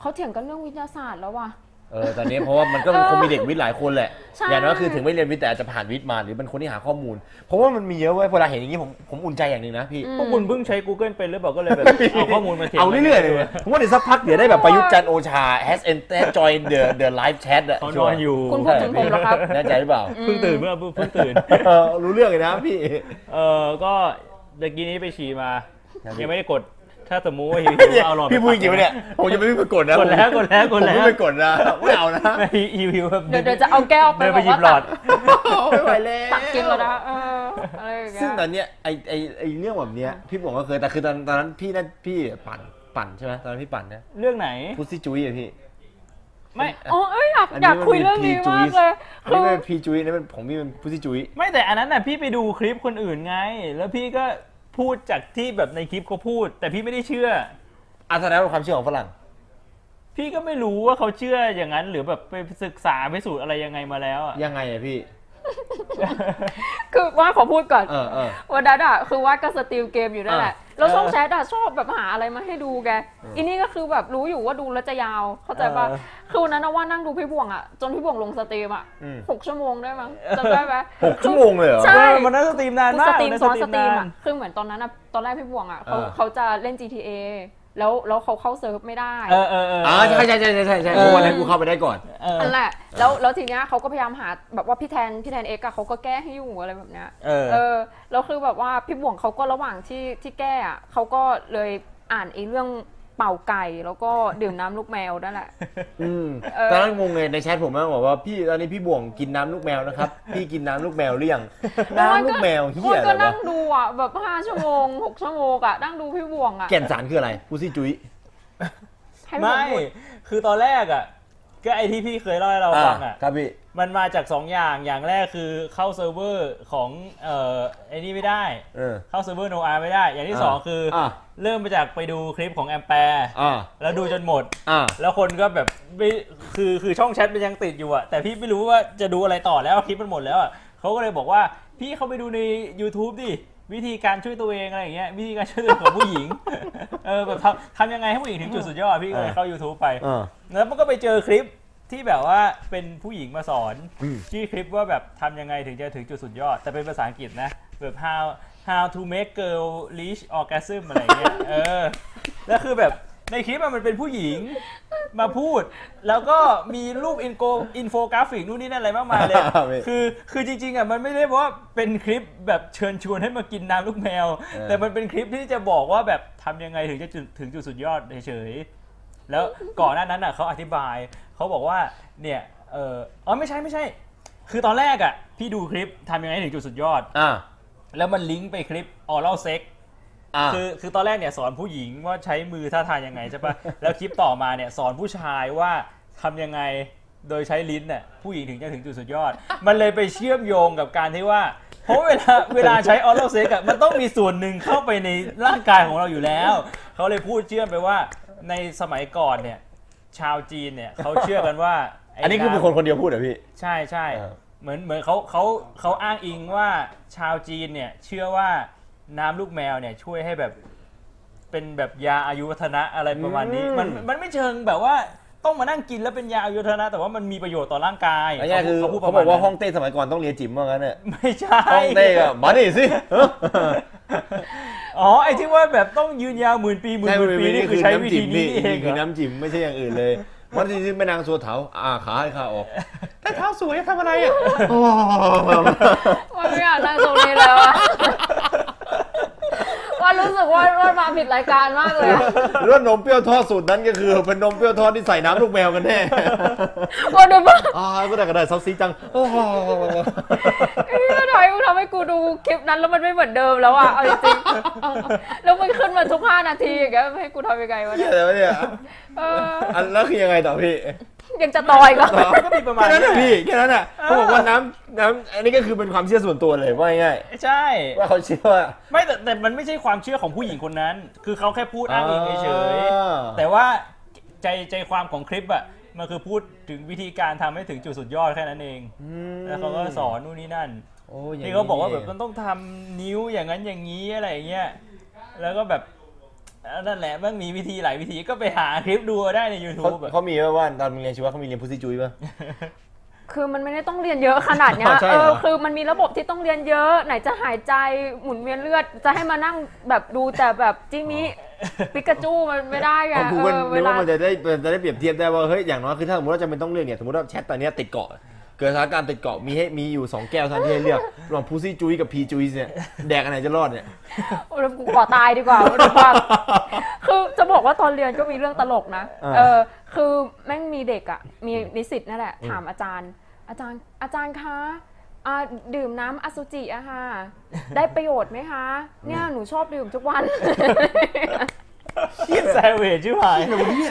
[SPEAKER 3] เขาเถียงกันเรื่องวิทยาศาสตร์แล้วว่ะ
[SPEAKER 1] เออตอนนี้เพราะว่ามันก็
[SPEAKER 3] เออ
[SPEAKER 1] คงมีเด็กวิทย์หลายคนแหละ
[SPEAKER 3] ใช่
[SPEAKER 1] อย่างน้อยคือถึงไม่เรียนวิทย์แต่อาจจะผ่านวิทย์มาหรือเป็นคนที่หาข้อมูล เพราะว่ามันมีเยอะเว้ยเวลาเห็นอย่างนี้ผมผมอุ่นใจอย่างหนึ่งนะพี่
[SPEAKER 3] อืม
[SPEAKER 2] พวกคุณเพิ่งใช้ Google เป็นหรือเปล่าก็เลยแบบ เอาข้อมูลมาเท
[SPEAKER 1] เอาเรื่อยๆเลยเว้ยผมว่าเดี๋ยวสักพักเดี๋ยวได้แบบประยุทธ์จันทร์โอชา has entered join the the live chat อะ
[SPEAKER 2] เขานอนอยู่
[SPEAKER 3] คุณพูดถึงผมเหรอครับ
[SPEAKER 1] แน่ใจหรือเปล่า
[SPEAKER 2] เพิ่งตื่นเมื่อเพิ่งตื่น
[SPEAKER 1] เออรู้เรื่องเลยนะพี่
[SPEAKER 2] เออก็เมื่อกี้นี้ไปฉี่มา
[SPEAKER 1] ครับ
[SPEAKER 2] ยังไม่ได้กด ถ้าสมมุติว่าหิวๆเอาหลอดไป
[SPEAKER 1] พี่พูดจริงๆปะเนี่ยผมยังไม่ได้ไปกดนะ
[SPEAKER 2] กดแล้วกดแล้วก
[SPEAKER 1] ผม
[SPEAKER 2] ดแล้ว
[SPEAKER 1] ไม่ไปกดนะไม่เอานะ
[SPEAKER 2] ไม่หิวๆแบบ
[SPEAKER 3] เดี๋ยวเดี๋ยวจะเอาแก้วไป
[SPEAKER 2] เดิน
[SPEAKER 3] บ
[SPEAKER 2] ไป
[SPEAKER 3] อก
[SPEAKER 2] หยิ
[SPEAKER 3] ว่า
[SPEAKER 2] บหลอด
[SPEAKER 1] ไม่ไหวแล้ว
[SPEAKER 3] ตักกินแล้วนะเอออะไรอย่างเงี้ย
[SPEAKER 1] ซึ่งตอนเนี้ยไอไอไอเรื่องแบบเนี้ยพี่บอกก็เคยแต่คือตอนตอนนั้นพี่นั่นพี่ปั่นปั่นใช่ไหมตอนนั้นพี่ปั่นนะ
[SPEAKER 2] เรื่องไหน
[SPEAKER 1] พุซซี่จุ้ยอะพี่
[SPEAKER 2] ไม่
[SPEAKER 3] อ๋อเอ้ยอยาก
[SPEAKER 1] อัน
[SPEAKER 3] อ
[SPEAKER 1] นี้
[SPEAKER 3] ยาก
[SPEAKER 1] มัน
[SPEAKER 3] คุยเรื่องนี้มากเลย
[SPEAKER 1] อัน
[SPEAKER 3] คื
[SPEAKER 1] นี้ไม่
[SPEAKER 3] อ
[SPEAKER 1] เป็นพีจุ้ยอันนี่เป็นของพี่เป็นพุซซี่จุ้ย
[SPEAKER 2] ไม่แต่อันนั้นน่ะพี่ไปดูคลิปคนอื่นไง แล้วพี่ก็พูดจากที่แบบในคลิปเขาพูด แต่พี่ไม่ได้เชื่อ
[SPEAKER 1] อันนั้นเป็นความเชื่อของฝรั่ง
[SPEAKER 2] พี่ก็ไม่รู้ว่าเขาเชื่ออย่างนั้น หรือแบบไปศึกษาไปสูตรอะไรยังไงมาแล้วอะ
[SPEAKER 1] ยังไงอะพี่
[SPEAKER 3] คือว่าขอพูดก่อน
[SPEAKER 1] เออเออ
[SPEAKER 3] วันนั้นอ่ะคือว่าดก็สติลเกมอยู่นั่นแหละ
[SPEAKER 1] อ่ะ
[SPEAKER 3] แล้วช่องแชทอ่ะชอบแบบหาอะไรมาให้ดูแกอีนี่ก็คือแบบรู้อยู่ว่าดูแล้วจะยาว เข้าใจปะ
[SPEAKER 1] เออ
[SPEAKER 3] คือวันนั้นนะว่านั่งดูพี่บ่วงอ่ะ จนพี่บ่วงลงสตรีมอ่ะ
[SPEAKER 1] อืม
[SPEAKER 3] หกชั่วโมงได้มั้งจำได้ไหม
[SPEAKER 1] หกชั่วโมงเลยเหรอ
[SPEAKER 3] ใช่
[SPEAKER 2] เออมันน่าสตรีมนาน
[SPEAKER 3] คือ
[SPEAKER 2] มากน
[SPEAKER 3] สตรีม
[SPEAKER 2] น่า
[SPEAKER 3] ซ้อนสตรีม
[SPEAKER 2] นา
[SPEAKER 3] อ่ะ
[SPEAKER 2] น
[SPEAKER 3] คือเหมือนตอนนั้นอ่ะ ตอนแรกพี่บ่วงอ่ะเขา
[SPEAKER 1] เออ
[SPEAKER 3] เขาจะเล่น GTA แล้วแล้วเขาเข้าเซิร์ฟไม่ได้
[SPEAKER 2] เออเออเออ
[SPEAKER 1] อ๋อ
[SPEAKER 2] อ
[SPEAKER 1] ใช่ใช่ใช่ใช่ใช่ใช่
[SPEAKER 2] เอ
[SPEAKER 1] เพ
[SPEAKER 2] อ
[SPEAKER 1] ราะวันนั้นกูเข้าไปได้ก่อน
[SPEAKER 2] เออ
[SPEAKER 3] นั่นแหละ แล้วแล้วทีเนี้ยเขาก็พยายามหาแบบว่าพี่แทนพี่แทนเอ็กอะเขาก็แก้ให้อยู่อะไรแบบเนี้ย
[SPEAKER 2] เออ
[SPEAKER 3] เออแล้วคือแบบว่าพี่บ่วงเขาก็ระหว่างที่ที่แก้อะเขาก็เลยอ่านไอ้เรื่องเป่าไก่แล้วก็ดื่มน้ำลูกแมวนั่นแหละ
[SPEAKER 1] อืม
[SPEAKER 3] เออ
[SPEAKER 1] ตอนนั้นงงเลยในแชทผมมันบอกว่าพี่ตอนนี้พี่บ่วงกินน้ำลูกแมว นะครับ พี่กินน้ำลูกแมวหรือยังน้ำลูกแมวเฮี
[SPEAKER 3] คน
[SPEAKER 1] ยอะไร
[SPEAKER 3] ก็นั่
[SPEAKER 1] วะ
[SPEAKER 3] งดูอ่ะแบบห้าชั่วโมงหกชั่วโมงอ่ะนั่งดูพี่บ่วงอ่ะ
[SPEAKER 1] แก่นสารคืออะไรพุซซี่จุ้ย
[SPEAKER 3] ให้พี่บ่ว
[SPEAKER 2] ไม่
[SPEAKER 3] งพูด
[SPEAKER 2] คือตอนแรกอ่ะ ก็ไอที่พี่เคยเล่าให้เราฟังอ่ะ
[SPEAKER 1] ครับพี่
[SPEAKER 2] มันมาจาก 2 อย่าง อย่างแรกคือเข้าเซิร์ฟเวอร์ของเอ่อไอ้นี่ไม่ได้
[SPEAKER 1] เออ
[SPEAKER 2] เข้าเซิร์ฟเวอร์โนอาไม่ได้ อย่างที่
[SPEAKER 1] อ่า
[SPEAKER 2] 2 คืออา เริ่มมาจากไปดูคลิปของแอมแปร์
[SPEAKER 1] อ่า
[SPEAKER 2] แล้วดูจนหมด
[SPEAKER 1] อ่า
[SPEAKER 2] แล้วคนก็แบบไม่คือคือช่องแชทมันยังติดอยู่อะแต่พี่ไม่รู้ว่าจะดูอะไรต่อแล้วคลิปมันหมดแล้วอะเขาก็เลยบอกว่าพี่เข้าไปดูใน YouTube ดิวิธีการช่วยตัวเองอะไรอย่างเงี้ยวิธีการช่วยตัวเองของผู้หญิง เออแบบทำทำยังไงให้ผู้หญิงถึงจุดสุดยอดพี่ก็เลยเข้า YouTube ไป
[SPEAKER 1] เออ
[SPEAKER 2] แล้วมันก็ไปเจอคลิปที่แบบว่าเป็นผู้หญิงมาสอน
[SPEAKER 1] อืม
[SPEAKER 2] ชื่อคลิปว่าแบบทำยังไงถึงจะถึงจุดสุดยอด แต่เป็นภาษาอังกฤษนะ แบบ how how to make girl reach orgasm อะไรเงี้ย เออ แล้วคือแบบในคลิปอะมันเป็นผู้หญิงมาพูด แล้วก็มีรูปอินโกอินโฟกราฟิกนู่นนี่นั่นอะไรมากมาย เลย
[SPEAKER 1] ครับพี่
[SPEAKER 2] คือคือจริงๆอ่ะมันไม่ได้ว่าเป็นคลิปแบบเชิญชวนให้มากินน้ำลูกแมว
[SPEAKER 1] เออ
[SPEAKER 2] แต่มันเป็นคลิปที่จะบอกว่าแบบทำยังไงถึงจะจุดถึงจุดสุดยอดเฉยๆ แล้วก่อนหน้านั้นน่ะเขาอธิบายเขาบอกว่าเนี่ยเออเอ๋อไม่ใช่ไม่ใช่ คือตอนแรกอ่ะพี่ดูคลิปทำยังไงให้ถึงจุดสุดยอด
[SPEAKER 1] อ่า
[SPEAKER 2] แล้วมันลิงก์ไปคลิปออร l ลเซ็ก
[SPEAKER 1] อ่า
[SPEAKER 2] คือคือตอนแรกเนี่ยสอนผู้หญิงว่าใช้มือท่าทางยังไงใช่ ปะ แล้วคลิปต่อมาเนี่ยสอนผู้ชายว่าทำยังไงโดยใช้ลิ้นน่ะผู้หญิงถึงจะถึงจุดสุดยอด มันเลยไปเชื่อมโยงกับการที่ว่าเพราะเว ลาเวลาใช้ออร l ลเซ็กอ่ะมันต้องมีส่วนหนึ่งเข้าไปในร่างกายของเราอยู่แล้ว เขาเลยพูดเชื่อมไปว่าในสมัยก่อนเนี่ยชาวจีนเนี่ยเขาเชื่อกันว่าไ
[SPEAKER 1] อันนี้คือเป็นคนคนเดียวพูดเหรอพี่
[SPEAKER 2] ใช่ใช่
[SPEAKER 1] เออ
[SPEAKER 2] เหมือนเหมือนเขาเขาเขาอ้างอิงว่าชาวจีนเนี่ยเชื่อว่าน้ำลูกแมวเนี่ยช่วยให้แบบเป็นแบบยาอายุวัฒนะอะไรประมาณนี้ มันมันไม่เชิงแบบว่าต้องมานั่งกินแล้วเป็นยาอายุวัฒนะ แต่ว่ามันมีประโยชน์ต่อร่างกาย
[SPEAKER 1] อันนี้คือ
[SPEAKER 2] พูดป
[SPEAKER 1] เขา
[SPEAKER 2] ระ
[SPEAKER 1] บ
[SPEAKER 2] ม
[SPEAKER 1] อ
[SPEAKER 2] ณ
[SPEAKER 1] กว่า
[SPEAKER 2] นั้น
[SPEAKER 1] ห้องเต้สมัยก่อนต้องเรียนจิ๋มว่างั้นเนี่ย
[SPEAKER 2] ไม่ใช่
[SPEAKER 1] ห้องเต้ ก็มาดิ สิเออ
[SPEAKER 2] อ๋อไอ้ที่ว่าแบบต้องยืนยาวหมื่นปีหมื่น
[SPEAKER 1] ใช่
[SPEAKER 2] ห
[SPEAKER 1] มัน
[SPEAKER 2] มื่น
[SPEAKER 1] เป็นนี่
[SPEAKER 2] ปีนี่
[SPEAKER 1] คื
[SPEAKER 2] คือ อใช้วิ
[SPEAKER 1] น้ำจิ๋
[SPEAKER 2] ธี
[SPEAKER 1] ม
[SPEAKER 2] นี้
[SPEAKER 1] นี่
[SPEAKER 2] เองเหร
[SPEAKER 1] คือ
[SPEAKER 2] อ
[SPEAKER 1] น้ำจิ๋มไม่ใช่อย่างอื่นเลยมันจริงๆแม่นางสัวเถาอ่าขาให้ข้าออกแต่เท้าสวยทำอะไรอ่ะโอ้
[SPEAKER 3] ว่าไม่อยากนั่งตรงนี้แล้วอะว่ารู้สึกว่า อ้ยอ้วนมาผิดรายการมากเลยอะ
[SPEAKER 1] หรือว่านมเปรี้ยวทอดสูตรนั้นก็คือเป็นนมเปรี้ยวทอดที่ใส่น้ำลูกแมวกันแน่
[SPEAKER 3] อ้วนดูบ้าง
[SPEAKER 1] อ่าก็ได้ก็ได้ซอสซีจัง โอ้โห
[SPEAKER 3] เอ้ยทำไมมึงทำให้กูดูคลิปนั้นแล้วมันไม่เหมือนเดิมแล้วอ่ะเอาจริง ๆแล้วมันขึ้นมาทุกห้านาทีอย่างเงี้ยให้กูทำยังไงวะ
[SPEAKER 1] เหี้ย
[SPEAKER 3] เนี่ย
[SPEAKER 1] อะไรวะเนี่ย
[SPEAKER 3] เออ
[SPEAKER 1] อันแล้วคือยังไงต่อพี่
[SPEAKER 3] ยังจะต่อยก็
[SPEAKER 2] มันก็มีประมาณ
[SPEAKER 1] แค่นั้นน่ะ
[SPEAKER 2] เนี้ย
[SPEAKER 1] พี่แค่นั้นน่ะเขาบอกว่าน้ำน้ำอันนี้ก็คือเป็นความเชื่อส่วนตัวเลยว่าง่าย
[SPEAKER 2] ใช่
[SPEAKER 1] ๆว่าเขาเชื่อว่า
[SPEAKER 2] ไม่แต่แต่มันไม่ใช่ความเชื่อของผู้หญิงคนนั้น คือเขาแค่พูดอ้างอิงเฉยๆ
[SPEAKER 1] อ่า
[SPEAKER 2] แต่ว่าใจใจความของคลิปอะมันคือพูดถึงวิธีการทำให้ถึงจุดสุดยอดแค่นั้นเอง แล้วเขาก็สอนนู่นนี่นั่น
[SPEAKER 1] โอ้ย่งนี้
[SPEAKER 2] ที่เขาบอกว่าแบบ
[SPEAKER 1] เง
[SPEAKER 2] มันต้องทำนิ้วอย่างนั้นอย่างนี้อะไรอย่างเงี้ยแล้วก็แบบนั่นแหละมันมีวิธีหลายวิธีก็ไปหาคลิปดูได้ใน
[SPEAKER 1] เขา
[SPEAKER 2] YouTube อะ
[SPEAKER 1] เขามีไหมว่าตอนเรียนชีวะเขามีเรียนพุซี่จุ้ยป่ะ
[SPEAKER 3] คือมันไม่ได้ต้องเรียนเยอะขนาดเนี้ย
[SPEAKER 1] อ๋อใช่เหร
[SPEAKER 3] เอ
[SPEAKER 1] อ
[SPEAKER 3] อ คือมันมีระบบที่ต้องเรียนเยอะ ไหนจะหายใจ หมุนเวียนเลือด จะให้มานั่งแบบดูแต่แบบจิมิปิกาจูมันไม่ได้ไง
[SPEAKER 1] ของกู
[SPEAKER 3] เอ
[SPEAKER 1] มัน
[SPEAKER 3] อเว
[SPEAKER 1] นึก
[SPEAKER 3] ลา
[SPEAKER 1] ว่ามันจะได้มันจะได้เปรียบเทียบได้ว่าเฮ้ยอย่างน้อยคือถ้าสมมติว่าจะเป็นต้องเลือกเนี่ยสมมติว่าแชทตอนเนี้ยติดเกาะ เกิดสถานการณ์ติดเกาะมีให้มีอยู่สองแก้วเท่านั้นที่ให้เลือกระหว่างพุซี่จุ้ยกับพีจุ้ยเนี่ยแดกอันไหนจะรอดเนี่ย
[SPEAKER 3] โอ้ยกูขอตายดีกว่า คือจะบอกว่าตอนเรียนก็มีเรื่องตลกนะ
[SPEAKER 1] อ่า
[SPEAKER 3] เออ คือแม่งมีเด็กอ่ะ มีนิสิตนั่นแหละ ถามอาจารย์ อาจารย์ อาจารย์คะอ่าดื่มน้ำอสุจิอะค่ะ ได้ประโยชน์ไหมคะ เนี่ยหนูชอบดื่มทุกวัน
[SPEAKER 2] แซวเวชิบหาย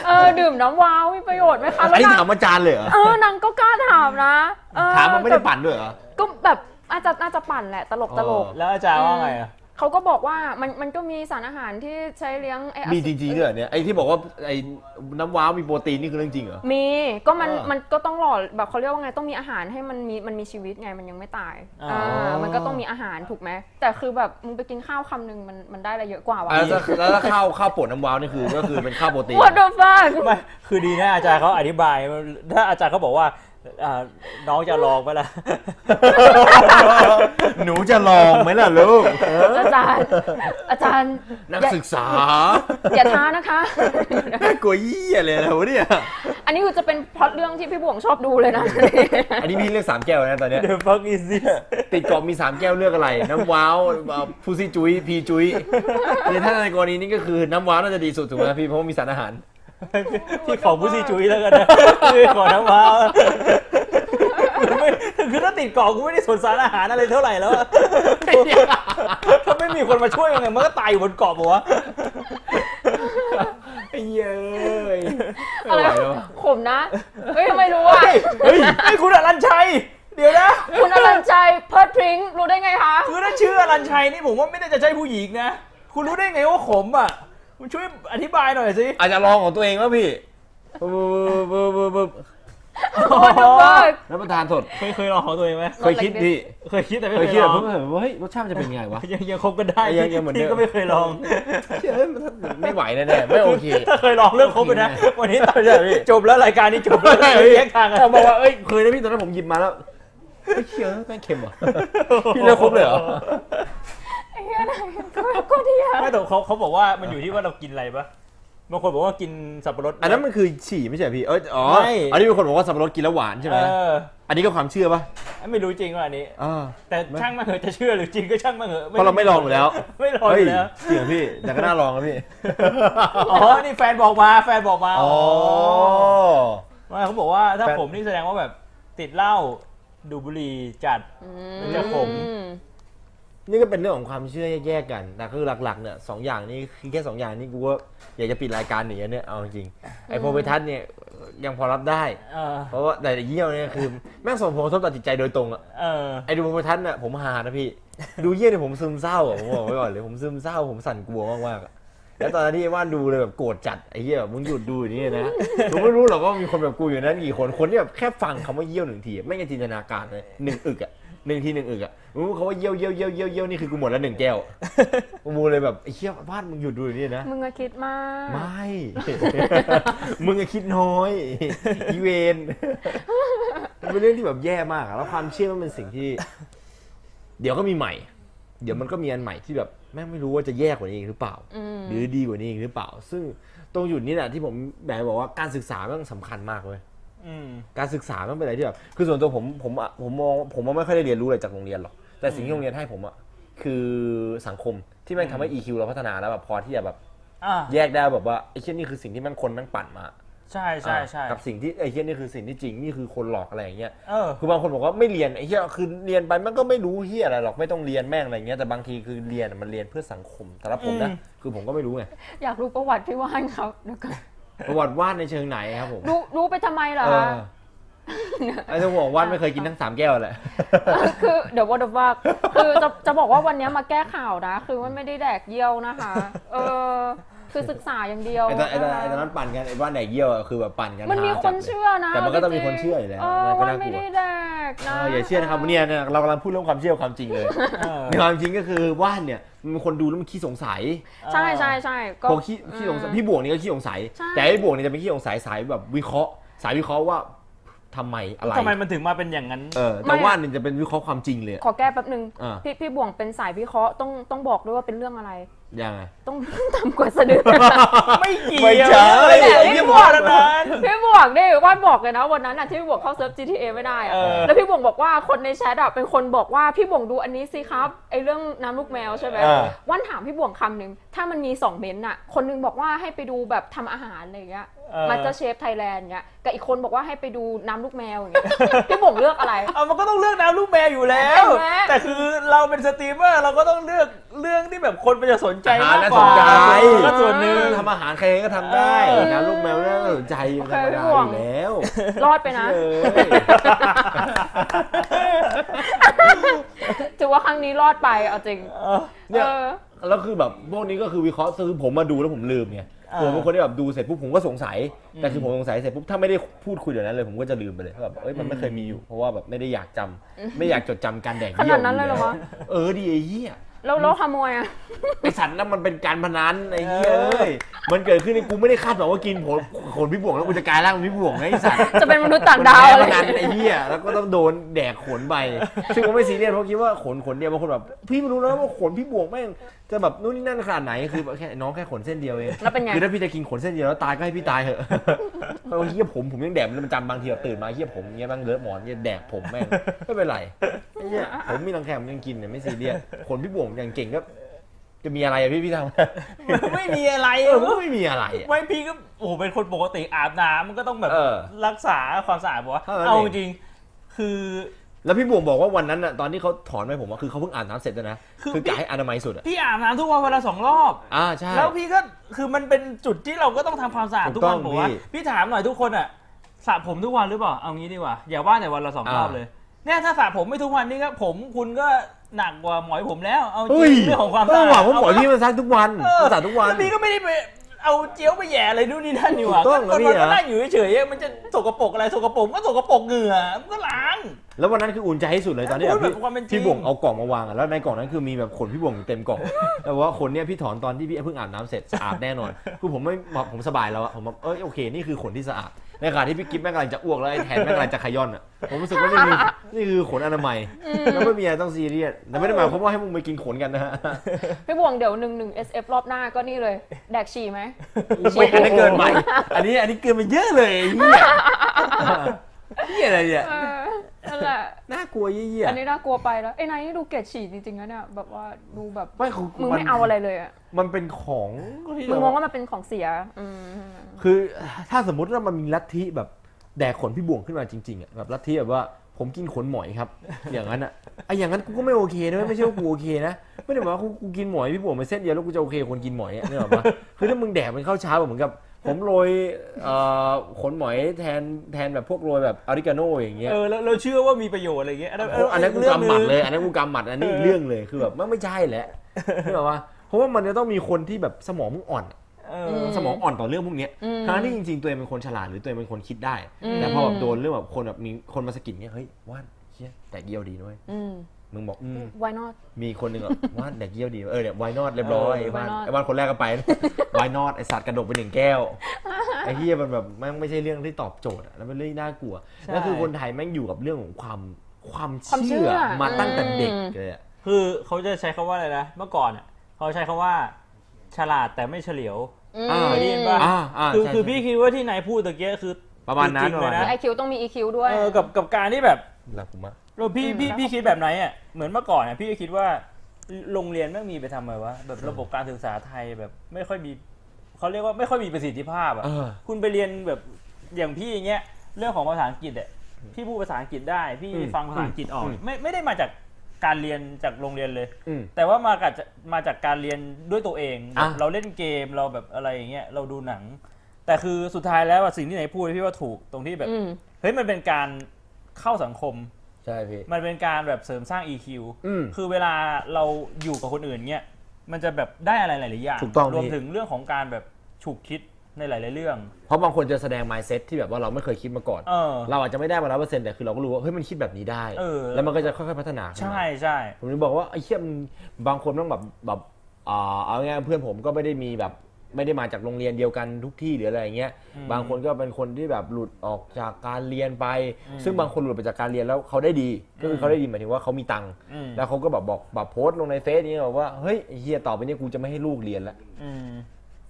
[SPEAKER 3] เออดื่มน้ำว้าวมีประโยชน์ไหมคะ
[SPEAKER 1] อั
[SPEAKER 3] แล้
[SPEAKER 1] น
[SPEAKER 3] ว
[SPEAKER 1] นี้
[SPEAKER 3] นาง
[SPEAKER 1] ถามอาจารย์เลยเหรอ
[SPEAKER 3] เออนางก็กล้าถามนะเออ
[SPEAKER 1] ถามมันไม่ได้
[SPEAKER 3] แต่
[SPEAKER 1] ปั่นด้วยเหรอ
[SPEAKER 3] ก็แบบอาจจะน่าจะปั่นแหละตลกตลก
[SPEAKER 1] เอ
[SPEAKER 2] แล้วอาจารย์ว่าไงอะ
[SPEAKER 3] เขาก็บอกว่ามันมันก็มีสารอาหารที่ใช้เลี้ยงไอ้อสุ
[SPEAKER 1] มีจริงๆด้วยเหรอเนี่ยไอ้ที่บอกว่าไอ้น้ำว้าวมีโปรตีนนี่คือเรื่องจริงเหรอ
[SPEAKER 3] มีก็มัน
[SPEAKER 1] เออ
[SPEAKER 3] มันก็ต้องหล่อแบบเขาเรียกว่าไงต้องมีอาหารให้มันมีมันมีชีวิตไงมันยังไม่ตาย
[SPEAKER 1] อ๋ออ่
[SPEAKER 3] อ่ามันก็ต้องมีอาหารถูกไหมแต่คือแบบมึงไปกินข้าวคำหนึ่งมันมันได้อะไรเยอะกว่าวะ
[SPEAKER 1] อ่ะแล้วถ้าแล้วถ้าข้าวข้าวโปดน้ำว้าวนี่คือก็คือเป็นข้าวโปรตีน
[SPEAKER 3] What the fuck
[SPEAKER 2] ไม่คือดีนะอาจารย์เขาอธิบายถ้าอาจารย์เขาบอกว่าอ่าน้องจะลองไปะละ
[SPEAKER 1] หนูจะลองไหมล่ะลูก
[SPEAKER 3] อาจารย์อาจารย์
[SPEAKER 1] นัก
[SPEAKER 3] อย่า
[SPEAKER 1] ศึกษา
[SPEAKER 3] อย่าท้านะคะ
[SPEAKER 1] น่ากลัวเยี่ยเลยนะวะเนี่ย
[SPEAKER 3] อันนี้คือจะเป็นพล็อตเรื่องที่พี่บวงชอบดูเลย นะ
[SPEAKER 1] อันนี้พี่เลือกสามแก้วนะตอนเนี้ย
[SPEAKER 2] The fuck is this
[SPEAKER 1] ติดเกาะมีสามแก้วเลือกอะไร น้ำว้าวฟูซี่จุ้ยพีจุ้ยคือถ้าในกรณีนี้ก็คือน้ำว้าวน่าจะดีสุดถูกไหมพี่เพราะว่ามีสารอาหาร
[SPEAKER 2] ที่ของผู้ซีจุยแล้วกันนะ ที่ของน้ำว้าวไม่คือถ้าติดเกาะกูไม่ได้สนสารอาหารอะไรเท่าไหร่แล้วอะถ้าไม่มีคนมาช่วยมันไงมันก็ตายอยู่บนเกาะปะวะ
[SPEAKER 1] ไอ้เย้ยไม่
[SPEAKER 3] อะ
[SPEAKER 1] ไห
[SPEAKER 3] ไร
[SPEAKER 1] วแล้ว
[SPEAKER 3] ขมนะ เฮ้ยไม่รู้อ่ะ
[SPEAKER 2] เฮ้ยไอ้คุณอรัญชัย เดี๋ยวนะ
[SPEAKER 3] คุณอรัญชัยเพิร์ดพริ้งรู้ได้ไงคะ
[SPEAKER 2] คือถ้าชื่ออรัญชัยนี่ผมว่าไม่ได้จะใช่ผู้หญิงนะ คุณรู้ได้ไงว่าขมอ่ะ คุณช่วยอธิบายหน่อยสิ
[SPEAKER 1] อาจจะลองของตัวเองว่าพี่ปึ๊บปึ๊บปึ๊บปึ๊บน้ำประทานสด
[SPEAKER 2] เคยเคยลองของตัวเองไหม
[SPEAKER 1] เคยคิดพี่
[SPEAKER 2] เคยคิดแต่ไม่
[SPEAKER 1] เค
[SPEAKER 2] เค
[SPEAKER 1] ย
[SPEAKER 2] ย
[SPEAKER 1] คิด
[SPEAKER 2] ล
[SPEAKER 1] แบ
[SPEAKER 2] อบ ง
[SPEAKER 1] เพิ่งเห็นว่าเฮ้ยรสชาติมันจะเป็นไงวะ
[SPEAKER 2] ยังยังคบกันได้
[SPEAKER 1] ยังยังเหมือนเดิม
[SPEAKER 2] พี่ก็ไม่เคยลอง
[SPEAKER 1] เฮ้ยไม่ไหวแน่ๆไม่โอเค
[SPEAKER 2] ถ้าเคยลองเรื่องครบไปนะ วันนี้ตัด
[SPEAKER 1] ไม่ใช่พี่
[SPEAKER 2] จบแล้วรายการนี้จบแล้วแยกทางกัน
[SPEAKER 1] ผมบอกว่าเอ้ยเคยนะพี่ตอนนั้นผมหยิบมาแล้วเฮ้ยเชี่ยแม่งเค็มว่ะ พี่เลิกคบเลยเหรอ
[SPEAKER 3] ไอ้เหี้ยอะไรก็เดีย
[SPEAKER 2] ไม่แต่เขาเขาบอกว่ามันอยู่ที่ว่าเรากินอะไรปะบางคนบอกว่ากินสับปะรด
[SPEAKER 1] อันนั้นมันคือฉี่ไม่ใช่เหรอพี่ เอยอ๋อ
[SPEAKER 2] ไม่
[SPEAKER 1] อันนี้มีคนบอกว่าสับปะรดกินแล้วหวานใช่ไหม
[SPEAKER 2] เออ
[SPEAKER 1] อันนี้ก็ความเชื่อปะ
[SPEAKER 2] ไม่รู้จริงว่าอันนี้
[SPEAKER 1] อ่า
[SPEAKER 2] แต่ช่างมันเหอะจะเชื่อหรือจริงก็ช่างมันเหอะ
[SPEAKER 1] เพราะเราไม่ลองอยู่แล้ว
[SPEAKER 2] ไม่ลองอ
[SPEAKER 1] เฮ้ย
[SPEAKER 2] ยู่แล้ว
[SPEAKER 1] จริงเหรอพี่ แต่ก็น่าลองนะพี่
[SPEAKER 2] อ๋อนี่แฟนบอกมาแฟนบอกมา
[SPEAKER 1] อ๋อ
[SPEAKER 2] ไม่เขาบอกว่าถ้า
[SPEAKER 1] แฟน
[SPEAKER 2] ผมนี่แสดงว่าแบบติดเหล้าดูดบุหรี่จัด มันจะขม
[SPEAKER 3] อื
[SPEAKER 1] นี่ก็เป็นเรื่องของความเชื่อแยกๆกัน แต่คือหลักๆเนี่ยสองอย่างนี้คือแค่สองอย่างนี้กูว่าอยากจะปิดรายการหนีแล้วเนี่ย เอาจริงๆไอโพเวทัสเนี่ยยังพอรับได้
[SPEAKER 2] เออ
[SPEAKER 1] เพราะว่าแต่เยี่ยวเนี่ยคือแม่งส่งผลกระทบต่อจิตใจโดยตรงอะ
[SPEAKER 2] เออ
[SPEAKER 1] ไอ้ดูโมทัศน์น่ะผมหานะพี่ ดูเยี่ยเนี่ยผมซึมเศร้าอ่ะผมบอกไว้ก่อนเลยผมซึมเศร้าผมสั่นกลัวมากๆอะแล้วตอนนั้นที่ไอ้ว่านดูเลยแบบโกรธจัดไอ้เหี้ยแบบมึงหยุดดูอย่างนี้นะกูไม่รู้หรอกว่ามีคนแบบกูอยู่นั้นกี่คนคนที่แบบแค่ฟังคำว่าเยี่ยวหนึ่งทีอะไม่งั้นจินตนาการเลยหนึ่งอึกอ่ะหนึ่งทีหนึ่งอึกอ่ะมึงเขาว่าเยี่ยวเยี่ยวเยี่ยวเยี่ยวเยี่ยวนี่คือกูหมดแล้วหนึ่งแก้วกูเลยแบบไอ้เหี้ยว่านมึงหยุดดูอย่างนี้นะ
[SPEAKER 3] มมึงอะคิดมาก
[SPEAKER 1] ไม่ มึงอะคิดน้อยอีเวนมันเป็นเรื่องที่แบบแย่มากอะแล้วความเชื่อมันเป็นสิ่งที่ เดี๋ยวก็มีใหม่ เดี๋ยวมันก็มีอันใหม่ที่แบบแม่งไม่รู้ว่าจะแย่กว่านี้อีกหรือเปล่า
[SPEAKER 3] อืม
[SPEAKER 1] หรือดีกว่านี้อีกหรือเปล่า ซึ่งตรงจุดนี้แหละที่ผมแบบบอกว่าการศึกษาแม่งสำคัญมากเว้ย
[SPEAKER 2] อืม
[SPEAKER 1] การศึกษามันเป็นอะไรที่แบบคือส่วนตัวผมผมอะผมมองผมว่าไม่ค่อยได้เรียนรู้อะไรจากโรงเรียนหรอกแต่สิ่งที่โรงเรียนให้ผมอะคือสังคม ที่แม่งทำให้ EQ เราพัฒนาแล้วแบบพอที่จะแบบ
[SPEAKER 2] อ่า
[SPEAKER 1] แยกได้แบบว่าไอ้เช่นนี่คือสิ่งที่แม่งคนแม่งปั่นมา
[SPEAKER 2] ใช่ใช่ใช่
[SPEAKER 1] กับสิ่งที่ไอ้เช่นนี่คือสิ่งที่จริงนี่คือคนหลอกอะไรอย่างเงี้ย
[SPEAKER 2] เออ
[SPEAKER 1] คือบางคนบอกว่าไม่เรียนไอ้เหี้ยคือเรียนไปมันก็ไม่รู้เหี้ยอะไรหรอกไม่ต้องเรียนแม่งอะไรเงี้ยแต่บางทีคือเรียนมันเรียนเพื่อสังคมแต่ละผมนะ
[SPEAKER 2] อืม
[SPEAKER 1] คือผมก็ไม่รู้ไง
[SPEAKER 3] อยากรู้ประวัติพี่ว่านครับเดี๋ยวก่อน
[SPEAKER 1] ประวัติวาดในเชิงไหนครับผม
[SPEAKER 3] รู้รู้ไปทำไมเหรอ
[SPEAKER 1] เอ
[SPEAKER 3] คะ
[SPEAKER 1] อไอ้เจ้าบอกวาดไม่เคยกินทั้งสามแก้วแหละ
[SPEAKER 3] คือเดี๋ยววอดว่าคือจะจะบอกว่าวันเนี้ยมาแก้ข่าวนะ คือมันไม่ได้แดกเยี่ยวนะคะ เออคือศึกษาอย่างเดียว
[SPEAKER 1] ไอ้ตอนไอ้ตอน
[SPEAKER 3] ะคะ
[SPEAKER 1] ไอ้ตอนนั้นปั่นกันไอ้บ้านไหนเยี่ยวอะคือแบบปั่นกัน
[SPEAKER 3] มันมี
[SPEAKER 1] หา
[SPEAKER 3] ค
[SPEAKER 1] จัด
[SPEAKER 3] น
[SPEAKER 1] ลย
[SPEAKER 3] เชื่อนะ
[SPEAKER 1] แต่มันก็ต้องมี
[SPEAKER 3] จริๆ
[SPEAKER 1] คนเชื่ออยู่แล้ว
[SPEAKER 3] เอ
[SPEAKER 1] มัก็
[SPEAKER 3] อนว่า
[SPEAKER 1] น่ากลัว
[SPEAKER 3] ไม่ได้แดก
[SPEAKER 1] เอ
[SPEAKER 3] นะ
[SPEAKER 1] ออย่าเชื่อนะครับเนี่ยเนี่ยเรากำลังพูดเรื่องความเชื่อความจริงเลย
[SPEAKER 2] เออ
[SPEAKER 1] ในความจริงก็คือว่านเนี่ยมันคนดูแล้วมันขี้สงสัย
[SPEAKER 3] ใช่ใช่ใช่ก็
[SPEAKER 1] พอขี้ขี้สงสัยพี่บวกนี่ก็ขี้สงสัย
[SPEAKER 3] ใช่
[SPEAKER 1] แต่ไอ้บวกเนี่ยจะเป็นขี้สงสัยสายแบบวิเคราะห์ สายวิเคราะห์ว่าทำไมอะไร
[SPEAKER 2] ทำไมมันถึงมาเป็นอย่างนั้น
[SPEAKER 1] เออแต่ว่าเนี่ยจะเป็นวิเคราะห์ความจริงเลยอะ
[SPEAKER 3] ขอแก้แป๊บนึง
[SPEAKER 1] อ่า
[SPEAKER 3] พี่พี่บ่วงเป็นสายวิเคราะห์ต้องต้องบอกด้วยว่าเป็นเรื่องอะไร
[SPEAKER 1] ยังไง
[SPEAKER 3] ต้อง ต่ำกว่าสะดือ
[SPEAKER 2] ไม่เกี่ยว
[SPEAKER 1] ไม่ใช่
[SPEAKER 2] ไม่เกี่ยว
[SPEAKER 1] ไอ้เหี้ย
[SPEAKER 2] ไม่ว่าแล้วนั้น
[SPEAKER 3] พี่บวกนี่ว่านบอกเลยนะวันนั้นน่ะที่พี่บวกเข้าเซิร์ฟ GTA ไม่ได้อะ
[SPEAKER 2] เออ
[SPEAKER 3] แล้วพี่บวกบอกว่าคนในแชทอะเป็นคนบอกว่าพี่บวงดูอันนี้สิครับไอเรื่องน้ำลูกแมวใช่ไหม
[SPEAKER 1] เออ
[SPEAKER 3] วันถามพี่บวงคำหนึ่งถ้ามันมีสองเม้นต์อะคนหนึงบอกว่าให้ไปดูแบบทำอาหารอะไรอย่างเงี้ย
[SPEAKER 2] เออ
[SPEAKER 3] มาสเตอร์เชฟไทยแลนด์เงี้ยกับอีกคนบอกว่าให้ไปดูน้ำลูกแมวอย่างเงี้ยพี่บวงเลือกอะไร
[SPEAKER 2] เอามันก็ต้องเลือกน้ำลูกแมวอยู่แล้ว
[SPEAKER 3] เห็นไหม
[SPEAKER 2] แต่คือเราเป็นสตรีมเมอร์เราก็ต้องเลือกเรื่องที่แบบคนมันจะสนใจ
[SPEAKER 1] หาม
[SPEAKER 2] าก
[SPEAKER 1] น่าก ส
[SPEAKER 2] ว่าน
[SPEAKER 1] ใจ
[SPEAKER 2] ก็ส่วนหนึ่ง
[SPEAKER 1] ทำอาหารใครก็ทำได้
[SPEAKER 2] เออ
[SPEAKER 1] นะลูกแมวเรื่องน่าสนใจธรรมดาอยู่แล้ว
[SPEAKER 3] รอดไปนะ
[SPEAKER 1] เออ
[SPEAKER 3] ถือว่าครั้งนี้รอดไปเอาจริง
[SPEAKER 2] เออ
[SPEAKER 1] เนี่ย
[SPEAKER 3] เออ
[SPEAKER 1] แล้วคือแบบพวกนี้ก็คือวิเคราะห์คือผมมาดูแล้วผมลืมไง
[SPEAKER 2] อ่า
[SPEAKER 1] ผมเป็นคนที่แบบดูเสร็จปุ๊บผมก็สงสัย แต่คือผมสงสัยเสร็จปุ๊บถ้าไม่ได้พูดคุยเดี๋ยวนั้นเลยผมก็จะลืมไปเลยแบบเอ้ยมันไม่เคยมีอยู่เพราะว่าแบบไม่ได้อยากจำไม่อยากจดจำการแดก
[SPEAKER 3] ขนาดนั้นเลยเหรอวะ
[SPEAKER 1] เออดีไอ้เหี้ย
[SPEAKER 3] แล้วแล้วขโมยอะ
[SPEAKER 1] ไอ้สันนั่นมันเป็นการพนันไอ้เหี้ยเอ้ยมันเกิดขึ้นในกูไม่ได้คาดหวังว่ากินผลขนพี่บวงแล้วกูจะกลายร่างเป็นพี่บวงนะไอ้สัน
[SPEAKER 3] จะเป็นมนุษย์ต่างดาวอะไร
[SPEAKER 1] มันแพ้พนันไอ้เหี้ยแล้วก็ต้องโดนแดกขนไป ซึ่งผมไม่ซีเรียสเพราะคิดว่าขนขนเดียวบางคนแบบพี่ไม่รู้นะว่าขนพี่บวกแม่งจะแบบนู่นนี่นั่นขนาดไหนคือแบบแค่น้องแค่ขนเส้นเดียวเอง
[SPEAKER 3] แล้วเป็นไง
[SPEAKER 1] คือถ้าพี่จะกินขนเส้นเดียวแล้วตายก็ให้พี่ตายเถอะ เพราะว่าเหี้ยผมผมยังแดกมันประจำบางทีแบบตื่นมาเหี้ยผมเงี้ยบ้างเลอะหมอนเงี้ยแดกผมแม่งไม่เป็นไรไอ้เหี้ยผมมีรังแคผมยังกินเนี่ยไม่ซีเรียสขนพี่บวกอย่างเก่งก็จะมีอะไรอะพี่พี่ทำ
[SPEAKER 2] ไม่มีอะไร
[SPEAKER 1] เออก็ไม่มีอะไรอะ
[SPEAKER 2] ไม่พี่ก็โอ้โหเป็นคนปกติอาบน้ำมันก็ต้องแบบ
[SPEAKER 1] เออ
[SPEAKER 2] รักษาความสะอาดบอกว่า
[SPEAKER 1] เท่านั้น
[SPEAKER 2] เอา
[SPEAKER 1] เอ
[SPEAKER 2] จ
[SPEAKER 1] ง
[SPEAKER 2] ริงๆคือ
[SPEAKER 1] แล้วพี่บวงบอกว่าวันนั้นน่ะตอนที่เขาถอนไปผมว่าคือเขาเพิ่งอาบน้ำเสร็จด้วยนะ
[SPEAKER 2] คือ
[SPEAKER 1] คือกะให้อนามัยสุดอะ
[SPEAKER 2] พี่อาบน้ำทุกวันวันละสองรอบ
[SPEAKER 1] อ่าใช่
[SPEAKER 2] แล้วพี่ก็คือมันเป็นจุดที่เราก็ต้องทำความสะอาด
[SPEAKER 1] ถู
[SPEAKER 2] ทุก
[SPEAKER 1] กต้
[SPEAKER 2] วั
[SPEAKER 1] อน ง
[SPEAKER 2] บอกว่า
[SPEAKER 1] พี่
[SPEAKER 2] พี่ถามหน่อยทุกคนอ่ะสระผมทุกวันหรือเปล่าเอางี้ดีกว่าอย่าว่าแต่วันละสอง
[SPEAKER 1] อ่าร ร
[SPEAKER 2] อบเลยเนี่ยถ้าสระผมไม่ทุกวันนี่ก็ผมคุณก็หนักกว่าหมอยผมแล้วเอาจ
[SPEAKER 1] เฮ้
[SPEAKER 2] ริ
[SPEAKER 1] ย
[SPEAKER 2] งเรื่องของความ
[SPEAKER 1] ต้
[SPEAKER 2] สะ
[SPEAKER 1] องห
[SPEAKER 2] อาด
[SPEAKER 1] วังว่าหมอ
[SPEAKER 2] เ
[SPEAKER 1] พี่มันซักทุกวัน
[SPEAKER 2] เออ
[SPEAKER 1] มันซักทุกวัน
[SPEAKER 2] แล้วพี่ก็ไม่ได้ไปเอาเจียวไปแหย่อะไรนู่นนี่นั่นนี่หว่า
[SPEAKER 1] ถูกต้องนะ
[SPEAKER 2] คน
[SPEAKER 1] พี่
[SPEAKER 2] มันก็
[SPEAKER 1] นะ
[SPEAKER 2] นั่งอยู่เฉยๆมันจะสกปรกอะไรสกปรกก็สกปรกเหงื่อมันก็ล้าง
[SPEAKER 1] แล้ววันนั้นคืออุ่นใจที่สุดเลยตอนที่
[SPEAKER 2] พูด
[SPEAKER 1] แบบ
[SPEAKER 2] แบบความเป็นจริง
[SPEAKER 1] พี่บ่งเอากล่องมาวางอะแล้วในกล่องนั้นคือมีแบบขนพี่บ่งอยู่เต็มกล่อง แต่ว่าขนเนี่ยพี่ถอนตอนที่พี่เพิ่งอาบน้ำเสร็จสะอาดแน่นอน คือผมไม่บอกผมสบายแล้วอะผมบอกเอ้ยโอเคนี่คือขนที่สะอาดในขณะที่พี่กิ๊บแม่งกำลังจะอ้วกแล้วไอ้แทนแม่งกำลังจะขย้อนอะผมรู้สึกว่านี่คือนี่คือขนอนามัยแล้วไม่มีอะไรต้องซีเรียสแต่ไม่ได้หมายความว่าให้มึงไปกินขนกันนะฮะ
[SPEAKER 3] พี่บวงเดี๋ยวหนึ่งหนึ่ง SF รอบหน้าก็นี่เลย แดกฉี่ไหม
[SPEAKER 1] ไม่อันนี้นเกินไปอันนี้อันนี้เกินไปเยอะเลยไอ้เหี้ยเหี้ยอะไรเนี่ย
[SPEAKER 3] เออนั่นแหละ
[SPEAKER 1] น่ากลัวเยี่ย
[SPEAKER 3] อันนี้น่ากลัวไปแล้วไอ้นายนี่ดูเกลียดฉี่จริงๆนะเนี่ยแบบว่าดูแบบ
[SPEAKER 1] ๆไม่คือ
[SPEAKER 3] มึงไม่เอาอะไรเลยอ่ะ
[SPEAKER 1] มันเป็นของที่
[SPEAKER 3] มึง
[SPEAKER 1] เรา
[SPEAKER 3] มองว่ามันเป็นของเสีย อืม
[SPEAKER 1] คือถ้าสมมติว่ามันมีลัทธิแบบแดกขนพี่บ่วงขึ้นมาจริงๆอะแบบลัทธิแบบว่าผมกินขนหมอยครับ อย่างนั้นอะไออย่างนั้นกูก็ไม่โอเคนะไม่ใช่ว่ากูโอเคนะไม่ได้หมายว่ากูกูกินหมอยพี่บ่วงมาเส้นเดียวแล้วกูจะโอเคคนกินหมอยเนี่ยนึกออกปะคือถ้ามึงแดกมันเข้าเช้าแบบเหมือนกับผมโรยเอ่อขนหมอยแทนแทนแบบพวกโรยแบบอาริกาโน่อย่างเงี้ย
[SPEAKER 2] เออแล้วเราเชื่อว่ามีประโยชน์อะไรอย่างเงี้ยอันนั้นเออ
[SPEAKER 1] อันนั้นกู
[SPEAKER 2] เรื่อง
[SPEAKER 1] กำหมัด
[SPEAKER 2] นึง
[SPEAKER 1] เลย อันนั้นกูกำหมัดอันนี้อีก
[SPEAKER 2] เออ
[SPEAKER 1] เรื่องเลยคือแบบมันไม่ใช่แหละนึกออกปะเพราะว่ามันจะต้องมีคนที่แบบสมองมึงอ่อน
[SPEAKER 2] เอออ
[SPEAKER 3] ม
[SPEAKER 1] สมองอ่อนต่อเรื่องพวกเนี้ย
[SPEAKER 3] อืม
[SPEAKER 1] ทั้งที่จริงๆตัวเองเป็นคนฉลาดหรือตัวเองเป็นคนคิดได้
[SPEAKER 3] อืม
[SPEAKER 1] แต่พอแบบโดนเรื่องแบบคนแบบมีคนมาสะกิดเนี้ยเฮ้ยว่านเชี่ยแต่เยี่ยวดีด้วย
[SPEAKER 3] อืม
[SPEAKER 1] มึงบอกอืม
[SPEAKER 3] why not
[SPEAKER 1] มีคนหนึ่งอ่ะ ว่านแดกเยี่ยวดีเออเนี่ยไวนอตเรียบร้อย
[SPEAKER 2] เออ
[SPEAKER 1] ไอ้ว่าน
[SPEAKER 3] why not
[SPEAKER 1] ไอ้ว่านคนแรกก็ไป ไวนอตไอสัตว์กระดกไปหนึ่งแก้ วไอ้เฮียมันแบบแม่งไม่ใช่เรื่องที่ตอบโจทย์อะแล้วเป็นเรื่องที่น่ากลัว
[SPEAKER 2] ใช่
[SPEAKER 1] แล้วคือคนไทยแม่งอยู่กับเรื่องของความความ
[SPEAKER 3] ความเชื่
[SPEAKER 1] เชื่
[SPEAKER 3] อ
[SPEAKER 1] อมาตั้งแต่เด็ก
[SPEAKER 3] อืม
[SPEAKER 1] เลยอะ
[SPEAKER 2] คือเขาจะใช้คำว่าอะไรนะเมื่อก่อนอ่ะเขาใช้คำว่า ฉลาดแต่ไม่เฉลียว
[SPEAKER 3] อืม
[SPEAKER 1] อ่า
[SPEAKER 2] ได้ยินปะ
[SPEAKER 1] อ่าา
[SPEAKER 2] คือ
[SPEAKER 1] ใช่
[SPEAKER 2] คือ
[SPEAKER 1] ใช่
[SPEAKER 2] พี่คิดว่าที่นายพูดตะเกียคือ
[SPEAKER 1] ประมาณนั้น
[SPEAKER 2] จงๆ
[SPEAKER 1] ประ
[SPEAKER 2] เลย
[SPEAKER 1] มาณนั้น
[SPEAKER 2] นะ
[SPEAKER 3] ไอคิวต้องมี EQ ด้วย
[SPEAKER 2] เออกับกับการที่แบบ
[SPEAKER 1] หลักผมอะ
[SPEAKER 2] เราพี่
[SPEAKER 3] อืม
[SPEAKER 2] พี่
[SPEAKER 3] แล้ว
[SPEAKER 2] พี่คิดแบบไหนอ่ะเหมือนเมื่อก่อนอ่ะพี่ก็คิดว่า โรงเรียนไม่งมีไปทำไมวะแบบระบบการศึกษาไทยแบบไม่ค่อยมีเขาเรียกว่าไม่ค่อยมีประสิทธิภาพอ่ะ
[SPEAKER 1] เออ
[SPEAKER 2] คุณไปเรียนแบบอย่างพี่อย่างเงี้ยเรื่องของภาษาอังกฤษอ่ะพี่พูดภาษาอังกฤษได้ พี่
[SPEAKER 1] อืม
[SPEAKER 2] ฟังภาษาอังกฤษออก
[SPEAKER 1] อืม
[SPEAKER 2] ไม่ไม่ได้มาจากการเรียนจากโรงเรียนเลย
[SPEAKER 1] อืม
[SPEAKER 2] แต่ว่ามากับมาจากการเรียนด้วยตัวเองแบบ
[SPEAKER 1] อ่ะ
[SPEAKER 2] เราเล่นเกมเราแบบอะไรอย่างเงี้ยเราดูหนัง แต่คือสุดท้ายแล้วอะสิ่งที่ไหนพูดพี่ว่าถูกตรงที่แบบ
[SPEAKER 3] อืม
[SPEAKER 2] เฮ้ยมันเป็นการเข้าสังคม
[SPEAKER 1] ใช่พี่
[SPEAKER 2] มันเป็นการแบบเสริมสร้าง EQ
[SPEAKER 1] อืม
[SPEAKER 2] คือเวลาเราอยู่กับคนอื่นเนี่ยมันจะแบบได้อะไรหลายๆอย่าง
[SPEAKER 1] ถูกต้อง
[SPEAKER 2] รวม
[SPEAKER 1] พี่
[SPEAKER 2] ถึงเรื่องของการแบบฉุกคิดในหลายๆเรื่อง
[SPEAKER 1] เพราะบางคนจะแสดง mindset ที่แบบว่าเราไม่เคยคิดมาก่อน
[SPEAKER 2] เออ
[SPEAKER 1] เราอาจจะไม่ได้มาร้อเปอร์เซ็นต์แต่คือเราก็รู้ว่าเฮ้ยมันคิดแบบนี้ได้
[SPEAKER 2] เออ
[SPEAKER 1] แล้วมันก็จะค่อยๆพัฒนาขึ้นมา
[SPEAKER 2] ใช่ใช่
[SPEAKER 1] ผมถึงบอกว่าไอ้เชี่ยมนบางคนต้องแบบแบบอ่าเอาง่ายๆเพื่อนผมก็ไม่ได้มีแบบไม่ได้มาจากโรงเรียนเดียวกันทุกที่หรืออะไรอย่างเงี้ย
[SPEAKER 2] อืม
[SPEAKER 1] บางคนก็เป็นคนที่แบบหลุดออกจากการเรียนไป
[SPEAKER 2] อืม
[SPEAKER 1] ซึ่งบางคนหลุดไปจากการเรียนแล้วเขาได้ดีก็คือ
[SPEAKER 2] ม
[SPEAKER 1] เขาได้ดีหมายถึงว่าเขามีตังค์
[SPEAKER 2] อืม
[SPEAKER 1] แล้วเขาก็แบบบอกแบบโพสต์ลงในเฟซนี้บอกว่าเฮ้ยไอ้เฮียต่อไปนี้กูจะไม่ให้ลูกเรียนละ
[SPEAKER 2] อืม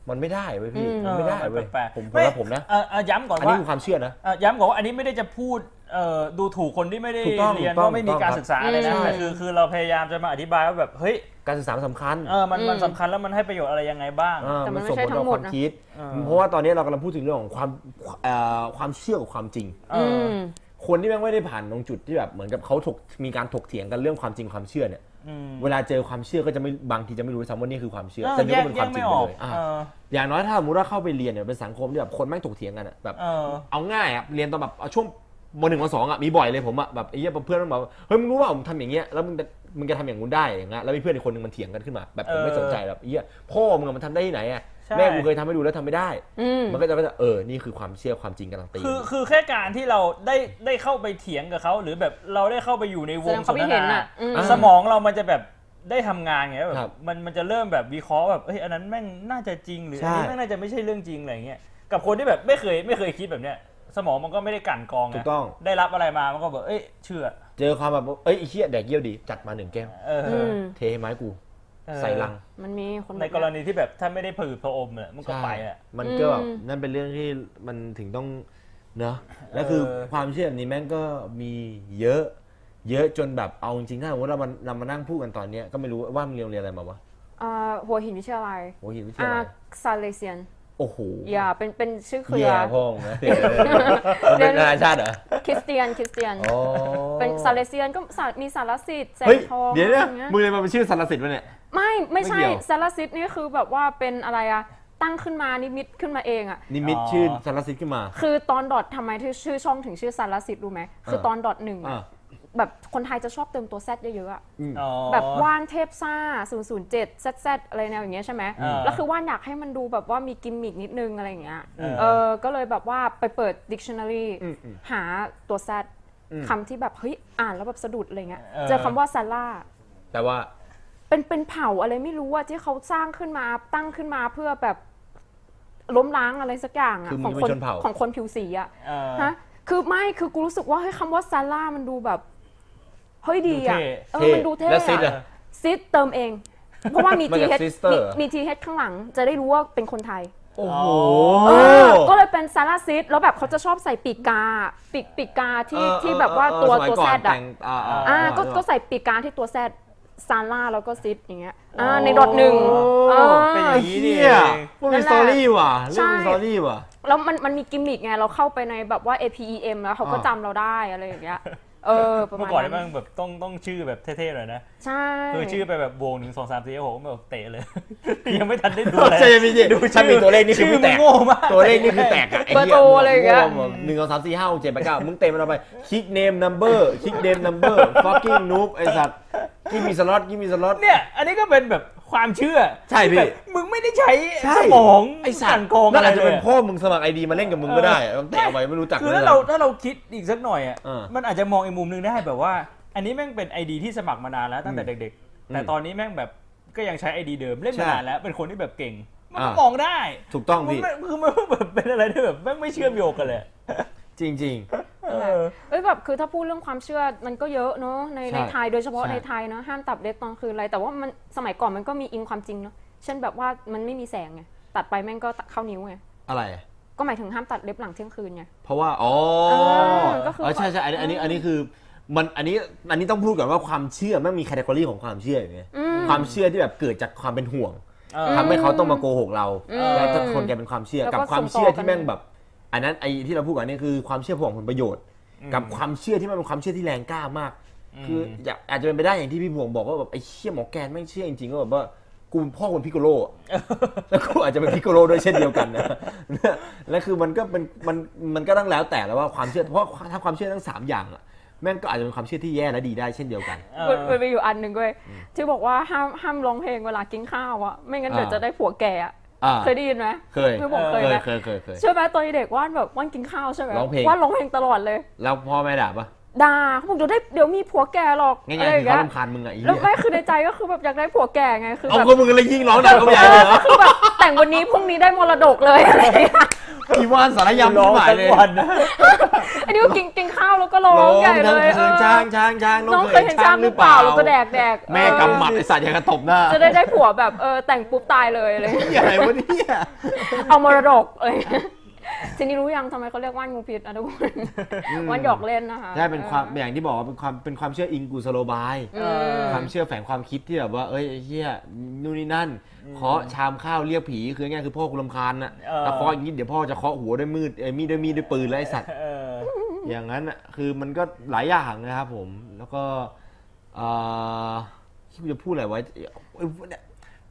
[SPEAKER 1] มันไม่ได้เว้ยพี่
[SPEAKER 3] อืม
[SPEAKER 1] มันไม่ได้เว้ย
[SPEAKER 2] แปลกๆ
[SPEAKER 1] ผมผ
[SPEAKER 2] ไ
[SPEAKER 1] มนะผมนะ
[SPEAKER 2] เอ่อเอ่อย้ำก่อน
[SPEAKER 1] อันนี้
[SPEAKER 2] ว่า
[SPEAKER 1] คือความเชื่อนะ
[SPEAKER 2] เอ่อย้ำก่อนว่าอันนี้ไม่ได้จะพูดเอ่อดูถูกคนที่ไม่ได้
[SPEAKER 1] ถูกต้อง
[SPEAKER 2] เรียน
[SPEAKER 1] ถูกต้อง
[SPEAKER 2] ว่าไม่มีการ
[SPEAKER 1] ถูกต้อง
[SPEAKER 2] ศึกษาอะไรนะ
[SPEAKER 3] อืม
[SPEAKER 2] แต่คือคือเราพยายามจะมาอธิบายว่าแบบเฮ้ย
[SPEAKER 1] การศึกษามันสำคัญ
[SPEAKER 2] เออมันมัน
[SPEAKER 3] อืม
[SPEAKER 2] สำคัญแล้วมันให้ประโยชน์อะไรยังไงบ้าง
[SPEAKER 1] อ่า
[SPEAKER 3] แต่มั
[SPEAKER 1] มัน
[SPEAKER 3] นไม่
[SPEAKER 1] ส่ง
[SPEAKER 3] ใช่
[SPEAKER 1] ผล
[SPEAKER 3] ทั้
[SPEAKER 1] ต่องค
[SPEAKER 3] หม
[SPEAKER 1] วาม
[SPEAKER 3] ดนะ
[SPEAKER 1] คิด
[SPEAKER 2] เออ
[SPEAKER 1] เพราะว่าตอนนี้เรากำลังพูดถึงเรื่องของความเอ่อความเชื่อกับความจริง
[SPEAKER 2] เอ
[SPEAKER 3] อื
[SPEAKER 2] อ
[SPEAKER 3] ม
[SPEAKER 1] คนที่แม่งไม่ได้ผ่านตรงจุดที่แบบเหมือนกับเขาถกมีการถกเถียงกันเรื่องความจริงความเชื่อเนี่ย
[SPEAKER 2] อืม
[SPEAKER 1] เวลาเจอความเชื่อก็จะไม่บางทีจะไม่รู้ซ้ำว่านี่คือความเชื่อ
[SPEAKER 2] เออ
[SPEAKER 1] จะนึก
[SPEAKER 2] แยก
[SPEAKER 1] ว่าเป็น
[SPEAKER 2] แย
[SPEAKER 1] ควาก มจริ
[SPEAKER 2] ไม่
[SPEAKER 1] งไป
[SPEAKER 2] ออก
[SPEAKER 1] เลยอ่ะ
[SPEAKER 2] เออ
[SPEAKER 1] อย่างน้อยถ้าสมมติว่าเข้าไปเรียนเนี่ยเป็นสังคมที่แบบคนแม่งถกเถียงกันอะแบบ
[SPEAKER 2] เออ
[SPEAKER 1] เอาง่ายอะเรียนตอนแบบเอาช่วงมหนึ่งมสองอะมีบ่อยเลยผมอะแบบไอ้เหี้ยเพื่อนมันบอกว่าเฮ้ยมึงรู้ว่าผมทำอย่างเงี้ยแล้วมึงจะมึงจะทำอย่างงู้นได้อย่างเงี้ยแล้วมีเพื่อนอีกคนหนึ่งมันเถียงกันขึ้นมา แบบผมไม่
[SPEAKER 2] เออ
[SPEAKER 1] สนใจแบบไอ้เหี้ยพ่อมึงอะมันทำได้ที่ไหนอะ
[SPEAKER 2] ใช่
[SPEAKER 1] แม่กูเคยทำให้ดูแล้วทำไม่ได้
[SPEAKER 3] อืม
[SPEAKER 1] มันก็จะเออนี่คือความเชื่อความจริงกำลังตี
[SPEAKER 2] คือคือแค่การที่เราได้ได้เข้าไปเถียงกับเขาหรือแบบเราได้เข้าไปอยู่ในวง
[SPEAKER 3] แสดงค
[SPEAKER 2] ส
[SPEAKER 3] วาม
[SPEAKER 2] น
[SPEAKER 3] คิ
[SPEAKER 2] ท
[SPEAKER 3] ดเห็น
[SPEAKER 2] นา
[SPEAKER 3] น่ะอืม
[SPEAKER 2] สมองเรามันจะแบบได้ทำงานไงแบ
[SPEAKER 1] ครับ บ
[SPEAKER 2] มันมันจะเริ่มแบบวิเคราะห์แบบเอ้ยอันนั้นแม่งน่าจะจริงหรือ
[SPEAKER 1] ใช่
[SPEAKER 2] อันนี้แม่งน่าจะไม่ใช่เรื่องจริงอะไรเงี้ยกับคนที่แบบไม่เคยไม่เคยคิดแบบเนี้ยสมองมันก็ไม่ได้กลั่นกรองไง
[SPEAKER 1] ถูกต้อง
[SPEAKER 2] ได้รับอะไรมามันก็แบบเอ้ยเชื่อ
[SPEAKER 1] เจอความแบบเอ้ยไอ้เฮียแดกเยี่ยวดีจัดมาหนึ่งแก้ว
[SPEAKER 2] เออ
[SPEAKER 3] อืม
[SPEAKER 1] เทไม้กู
[SPEAKER 2] เออ
[SPEAKER 1] ใส่ลัง
[SPEAKER 3] มันมีคน
[SPEAKER 2] ใน
[SPEAKER 3] แบบ
[SPEAKER 2] กร
[SPEAKER 3] เนี้ย
[SPEAKER 2] ณีที่แบบถ้าไม่ได้ผือพระอมเนี่ยมันก็ไปอ่ะ
[SPEAKER 1] มันก็แบบ
[SPEAKER 3] อืม
[SPEAKER 1] นั่นเป็นเรื่องที่มันถึงต้องเนอะแล้วคือ
[SPEAKER 2] เออ
[SPEAKER 1] ความเชื่อแบบนี้แม่งก็มีเยอะ เยอะจนแบบเอาจริงๆถ้าสมมติเรามาเรามานั่งพูดกันตอนเนี้ยก็ไม่รู้ว่ามันเรียนโรงเรียนอะไรมาวะ
[SPEAKER 3] อ่าหัวหินวิทยาลัย
[SPEAKER 1] โอ้ยวิทยา
[SPEAKER 3] อา
[SPEAKER 1] ลัย
[SPEAKER 3] ซาเลเซียน
[SPEAKER 1] โอ้โห
[SPEAKER 3] อย่าเป็นเป็นชื่อเครือ
[SPEAKER 1] แย่พ่องนะมันเป็นนานาชาติเหรอ
[SPEAKER 3] คริสเตียนคริสเตียน
[SPEAKER 1] อ๋อ
[SPEAKER 3] เป็นซาเลเซียนก็สามีสารสิทธิ์แสง
[SPEAKER 1] เฮ้ย
[SPEAKER 3] ทอง
[SPEAKER 1] เดี๋ยวนะ
[SPEAKER 3] อะไรเงี้ย
[SPEAKER 1] มึงเลยมาเป็นชื่อสารสิทธิ์วะเนี่ย
[SPEAKER 3] ไม่ ไม่ใช่
[SPEAKER 1] ไม่เกี่ยว
[SPEAKER 3] สารสิทธิ์นี่คือแบบว่าเป็นอะไรอะตั้งขึ้นมานิมิตขึ้นมาเองอะ
[SPEAKER 1] นิมิต
[SPEAKER 2] อ๋อ
[SPEAKER 1] ชื่อสารสิทธิ์ขึ้นมา
[SPEAKER 3] คือตอนดอททำไมที่ชื่อช่องถึงชื่อสารสิทธิ์รู้ไหม คือตอนดอทหนึ่งอะ
[SPEAKER 1] อ่า
[SPEAKER 3] แบบคนไทยจะชอบเติมตัวแซดเยอะๆอะ
[SPEAKER 2] อ๋อ
[SPEAKER 3] แบบว่านเทพซ่า 007 ZZ อะไรแนวอย่างเงี้ยใช่ไหม
[SPEAKER 2] อ่า
[SPEAKER 3] แล้วคือว่านอยากให้มันดูแบบว่ามีกิมมิกนิดนึงอะไรอย่างเงี้ย
[SPEAKER 2] เออ
[SPEAKER 3] เออ ก็เลยแบบว่าไปเปิด dictionary หาตัว Z คำที่แบบ เฮ้ย อ่านแล้วแบบสะดุดอะไรเงี้ย
[SPEAKER 2] เออ
[SPEAKER 3] เจอคำว่าซาร่า
[SPEAKER 1] แต่ว่า
[SPEAKER 3] เป็นเป็นเผ่าอะไรไม่รู้ว่าที่เขาสร้างขึ้นมาตั้งขึ้นมาเพื่อแบบล้มล้างอะไรสักอย่างอะ
[SPEAKER 1] คือมี
[SPEAKER 3] ของค
[SPEAKER 1] ชนเผ่า
[SPEAKER 3] ของคนผิวสีอะ
[SPEAKER 2] เออ
[SPEAKER 3] ฮะ คือไม่ คือกูรู้สึกว่าเฮ้ยคำว่าซาร่ามันดูแบบ เฮ้ยดีอะ
[SPEAKER 2] ดูเท่
[SPEAKER 3] เออ มันดูเท่
[SPEAKER 1] แล้วซิด
[SPEAKER 3] อะ
[SPEAKER 1] อะ
[SPEAKER 3] ซิดเติมเอง เพราะว่ามี
[SPEAKER 1] มา
[SPEAKER 3] T
[SPEAKER 1] จาก
[SPEAKER 3] H
[SPEAKER 1] sister
[SPEAKER 3] มี
[SPEAKER 1] เหรอ
[SPEAKER 3] มี T H ข้างหลังจะได้รู้ว่าเป็นคนไทย
[SPEAKER 1] โอ้โห
[SPEAKER 3] เออก็เลยเป็นซาร่าซิดแล้วแบบเขาจะชอบใส่ปีกกาปีกปีกกาที่ที่แบบว่าตัวตัวแซดอะอ่าก็ก็ใส่ปีกกาที่ตัวแซดซาร่าแล้วก็ซิดอย่างเงี้ยอ่าในดอทหนึ่งเออ
[SPEAKER 2] เป็นอย่างนี้นี่
[SPEAKER 1] นี่
[SPEAKER 2] เอง
[SPEAKER 1] มันมีสตอรี่ว่ะเรื่องมี
[SPEAKER 3] ใช่
[SPEAKER 1] สตอรี่ว่ะ
[SPEAKER 3] แล้วมันมันมีกิมมิกไงเราเข้าไปในแบบว่า A P E M แล้วเขาก็
[SPEAKER 1] อ่า
[SPEAKER 3] จำเราได้อะไรอย่างเงี้ยเออประ
[SPEAKER 2] เมื่อ
[SPEAKER 3] มาณ
[SPEAKER 2] ก่อนนี่
[SPEAKER 3] นั้
[SPEAKER 2] แมัน
[SPEAKER 3] น
[SPEAKER 2] แบบต้องต้องชื่อแบบเท่ๆหน่อยนะ
[SPEAKER 3] ใช่
[SPEAKER 2] คือชื่อไปแบบวงหนึ่งสองสามสี่โอ้โหแบบเตะเลย ยังไม่ทันได้ดูเลย
[SPEAKER 1] ใจเย็นๆดูถ้ามีตัวเลขนี่คือ
[SPEAKER 2] ชื่
[SPEAKER 1] ไม่แต
[SPEAKER 2] มึ
[SPEAKER 1] ก
[SPEAKER 2] งโง่มาก
[SPEAKER 1] ตัวเลขนี่คือแตกอะไอ้
[SPEAKER 3] เปิด
[SPEAKER 1] เหี้ย
[SPEAKER 3] โตอะไรอย่างเงี้ย
[SPEAKER 1] มึหนึ่งสองสามสี่ห้าหกเจ็ดแปดเก้ามึงเต็มมันเอาไปคิกเนมนัมเบอร์คิกเนมนัมเบอร์ fucking noob ไอ้สัตว์กิมมีสล็อตกิมมีสล็อต
[SPEAKER 2] เนี่ย อันนี้ก็เป็นแบบความเชื่อ
[SPEAKER 1] ใช่พี่
[SPEAKER 2] แบบมึงไม่ได้ใช้
[SPEAKER 1] ใช่
[SPEAKER 2] สมอง
[SPEAKER 1] ไอ้สัต
[SPEAKER 2] น
[SPEAKER 1] ว์
[SPEAKER 2] กรอง
[SPEAKER 1] นั่น
[SPEAKER 2] อะไร
[SPEAKER 1] อาจจะ
[SPEAKER 2] เล
[SPEAKER 1] เป็
[SPEAKER 2] ย
[SPEAKER 1] นพ่อมึงสมัครไอดีมาเล่นกับมึงก็ได้มันแตะเอาไว้ไม่รู้จัก
[SPEAKER 2] คื
[SPEAKER 1] ล
[SPEAKER 2] อ
[SPEAKER 1] ย
[SPEAKER 2] ถ้าเราถ้าเราคิดอีกสักหน่อยอ่ะ
[SPEAKER 1] เออ
[SPEAKER 2] มันอาจจะมองอีกมุมหนึงได้แบบว่า อันนี้แม่งเป็นไอดีที่สมัครมานานแล้วตั้งแต่เด็กๆ แต่ตอนนี้แม่งแบบก็ยังใช้ไอดีเดิมเล่นมา
[SPEAKER 1] ใช่
[SPEAKER 2] นานแล้วเป็นคนที่แบบเก่งมันก็
[SPEAKER 1] อ่าม
[SPEAKER 2] มองได้
[SPEAKER 1] ถูกต้อง
[SPEAKER 2] มัน
[SPEAKER 1] พี่
[SPEAKER 2] ไม่คือมันแบบเป็นอะไรที่แบบแม่งไม่เชื่อมโยงกันเลย
[SPEAKER 1] จริง
[SPEAKER 2] เออ
[SPEAKER 3] เอ้ยแบบคือถ้าพูดเรื่องความเชื่อมันก็เยอะเนาะใน
[SPEAKER 1] ใช่
[SPEAKER 3] ในไทยโดยเฉพาะ
[SPEAKER 1] ใช่
[SPEAKER 3] ในไทยเนาะห้ามตับเล็กตอนคืนอะไร แต่ว่ามันสมัยก่อนมันก็มีอิงความจริงเนาะเช่นแบบว่ามันไม่มีแสงไงตัดไปแม่งก็ตัดเข้านิ้วไง
[SPEAKER 1] ๆ อะไร
[SPEAKER 3] ก็หมายถึงห้ามตัดเล็บหลังเที่ยงคืนไง
[SPEAKER 1] เพราะว่า อ๋อ
[SPEAKER 3] เออก็คือ
[SPEAKER 1] เใช่ใช่อันนี้อันนี้อันนี้คือ มัน อันนี้ อันนี้ต้องพูดก่อนว่าความเชื่อ มันมีแคตตาล็อของความเชื่ออย่างเงี้ย
[SPEAKER 3] อืม
[SPEAKER 1] ความเชื่อที่แบบเกิดจากความเป็นห่วง
[SPEAKER 2] เออ
[SPEAKER 1] ทำให้เขาต้องมาโกหกเรา
[SPEAKER 3] อืม
[SPEAKER 1] แล้วแต่คนแกเป็นความเชื่อ
[SPEAKER 3] แล้วก็
[SPEAKER 1] กับความเชื่อที่แม่ง
[SPEAKER 3] ส่งต่อ
[SPEAKER 1] แบบ
[SPEAKER 3] กัน
[SPEAKER 1] อันนั้นไอ้ที่เราพูดกันนี่คือความเชื่อของผลประโยชน์ กับความเชื่อที่มันเป็นความเชื่อที่แรงกล้ามาก คืออยากอาจจะเป็นไปได้อย่างที่พี่พวงบอกว่าแบบไอ้เชี่ยหมอแกนไม่งเชื่อจริงๆก็แบบว่ากูเป็นพ่อคนพิกโกโล อะ แล้วกูอาจจะเป็นพิกโกโลด้วยเช่นเดียวกันนะ และคือมันก็เป็นมันมันก็ต้องแล้วแต่แล้วว่าความเชื่อเพราะถ้าความเชื่อทั้งสามอย่างอะแม่งก็อาจจะเป็นความเชื่อที่แย่และดีได้เช่นเดียวกัน
[SPEAKER 2] เออ
[SPEAKER 3] มันมีอยู่อันหนึ่งเว้ยที่บอกว่าห้ามห้ามร้องเพลงเวลากินข้าวอะไม่งั้นเดี๋ยว
[SPEAKER 1] อ่า
[SPEAKER 3] จะได้ผัวแก่อะ
[SPEAKER 1] อ่า
[SPEAKER 3] เคยได้ยินไหม
[SPEAKER 1] เคย
[SPEAKER 3] ไม่บอกเคย
[SPEAKER 1] เค
[SPEAKER 3] ไห
[SPEAKER 1] ย
[SPEAKER 3] ม
[SPEAKER 1] เคยเคยเคย
[SPEAKER 3] ใช่ไหมตอนเด็กว่านแบบว่านกินข้าวใช่ไหม
[SPEAKER 1] ร้องเพลง
[SPEAKER 3] ว่านร้องเพลงตลอดเลย
[SPEAKER 1] แล้วพ่อแม่ด่าปะ
[SPEAKER 3] ด่าเขาบอกเดี๋ยวได้เดี๋ยวมีผัวแก่หรอก
[SPEAKER 1] ง่า
[SPEAKER 3] อะไร
[SPEAKER 1] ยๆ
[SPEAKER 3] อ
[SPEAKER 1] คือง เขา
[SPEAKER 3] ย่าเงี้ย
[SPEAKER 1] ลำคาญมึงอะไอ้
[SPEAKER 3] แล้ว
[SPEAKER 1] เหี้ย
[SPEAKER 3] ไม่คือในใจก็คือแบบอยากได้ผัวแก่ไงคือ
[SPEAKER 1] เอา
[SPEAKER 3] แบบ
[SPEAKER 1] คนมึงเลยยิ่งร้องหนักเข้าไปใหญ่เลยเหรอ
[SPEAKER 3] คือแบบแต่งวันนี้พรุ่งนี้ได้มรดกเลยอะไรอย่างเงี้ย
[SPEAKER 1] อีวานสารยำ
[SPEAKER 2] ร้อง
[SPEAKER 1] หมาย
[SPEAKER 2] ทั้ง
[SPEAKER 1] เลย
[SPEAKER 2] วันนะ
[SPEAKER 3] อันนี้ก็กินกินข้าวแล้วก็ร้อ
[SPEAKER 1] ร้
[SPEAKER 3] ง
[SPEAKER 1] อง
[SPEAKER 3] ใหญ่เล
[SPEAKER 1] ทั้ง
[SPEAKER 3] ย
[SPEAKER 1] คืน
[SPEAKER 3] เออ
[SPEAKER 1] ช้างช้างช้าง
[SPEAKER 3] น้องเคยเห็นจ้างหรือเปล่าแล้วก็แดกแดก
[SPEAKER 1] แม่กำหมัดไอ้สัตว์อย่างกระตบหน้า
[SPEAKER 3] เออจะได้ได้ผัวแบบเออแต่งปุ๊บตายเลยอะไรอย่างเลย
[SPEAKER 1] เหี้ยอะไรวะเนี่ย
[SPEAKER 3] เอามรดก อะไรอย่างเลยทีนี้รู้ยังทำไมเขาเรียกว่านงูพิษอ่ะทุกคนว่านหยอกเล่นนะคะ
[SPEAKER 1] ใช่เป็นความอย่างที่บอกว่าเป็นความเป็นความเชื่ออิงกุสโลบาย
[SPEAKER 3] อืม
[SPEAKER 1] ความเชื่อแฝงความคิดที่แบบว่าเอ้ยไอ้เฮียนู่นนี่นั่นเคาะชามข้าวเรียกผีคือง่ายๆคือพ่อกูรำคาญน่ะ
[SPEAKER 2] เออ
[SPEAKER 1] ถ้าเคาะอย่างนี้เดี๋ยวพ่อจะเคาะหัวด้วยมืดเอ้ยมีดด้วยมีดด้วยปืนแล้วไอ้สัตว์
[SPEAKER 2] เออ
[SPEAKER 1] อย่างนั้นอ่ะคือมันก็หลายอย่างนะครับผมแล้วก็เอ่อที่กูจะพูดอะไรไว้เอ้ยเนี่ย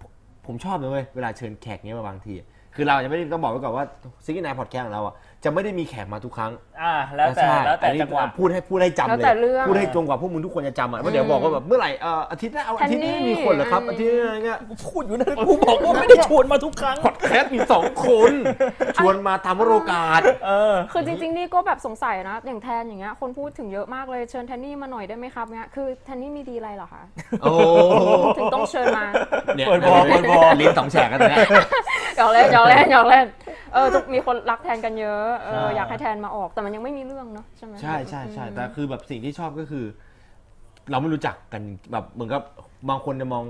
[SPEAKER 1] ผมผมชอบเลยเว้ยเวลาเชิญแขกเนี้ยมาบางที คือเราจะไม่ได้ต้องบอกไว้ก่อนว่าซิกนายพอดแคสของเราอ่ะจะไม่ได้มีแขกมาทุกครั้ง
[SPEAKER 2] อ่า แล้วแต่
[SPEAKER 1] ใช่
[SPEAKER 2] แล้วแต่
[SPEAKER 1] อันนี้
[SPEAKER 2] จังหวะ
[SPEAKER 1] พูดให้พูดให้จำ
[SPEAKER 3] แล้ว
[SPEAKER 1] เลย
[SPEAKER 3] แต่เรื่อง
[SPEAKER 1] พูดให้จงกว่าพวกมึงทุกคนจะจำอ่ะเพราะเดี๋ยวบอกว่าแบบเมื่อไหร่เอ่ออาทิตย์หน้าเอาอาทิตย์นี้
[SPEAKER 3] อันนี้
[SPEAKER 1] ไม่มีคนเหรอครับอาทิตย์หนี้าอะไรเงี้ย
[SPEAKER 2] พูดอยู่นะกูบอกว่าไม่ได้ชวนมาทุกครั้ง
[SPEAKER 1] พอดแคสต์มีสอง คนชวนมาทำโรกาส
[SPEAKER 2] เออ
[SPEAKER 3] คือจริงๆนี่ก็แบบสงสัยนะ อย่างแทนอย่างเงี้ยคนพูดถึงเยอะมากเลยเชิญแทนนี่มาหน่อยได้ไหมครับเงี้ยคือแทนนี่มีดีอะไรเหรอคะ
[SPEAKER 1] โอ้
[SPEAKER 3] ถึงต้องเชิญมา
[SPEAKER 1] เนี่ย
[SPEAKER 2] เปิดบอลเปิดบอล
[SPEAKER 1] ลิ้นสองแฉกกันนะ
[SPEAKER 3] หยอกเล่นหยอกเล่นหยอกเล่นเออทุกมีคนรักแทนกันเยอะเออ
[SPEAKER 2] ใช่
[SPEAKER 3] อยากให้แทนมาออกแต่มันยังไม่มีเรื่องเนาะใช่ไหม
[SPEAKER 1] ใช่ใช่ใช่แต่คือแบบสิ่งที่ชอบก็คือ เราไม่รู้จักกันแบบเหมือนกับบางคนจะมอง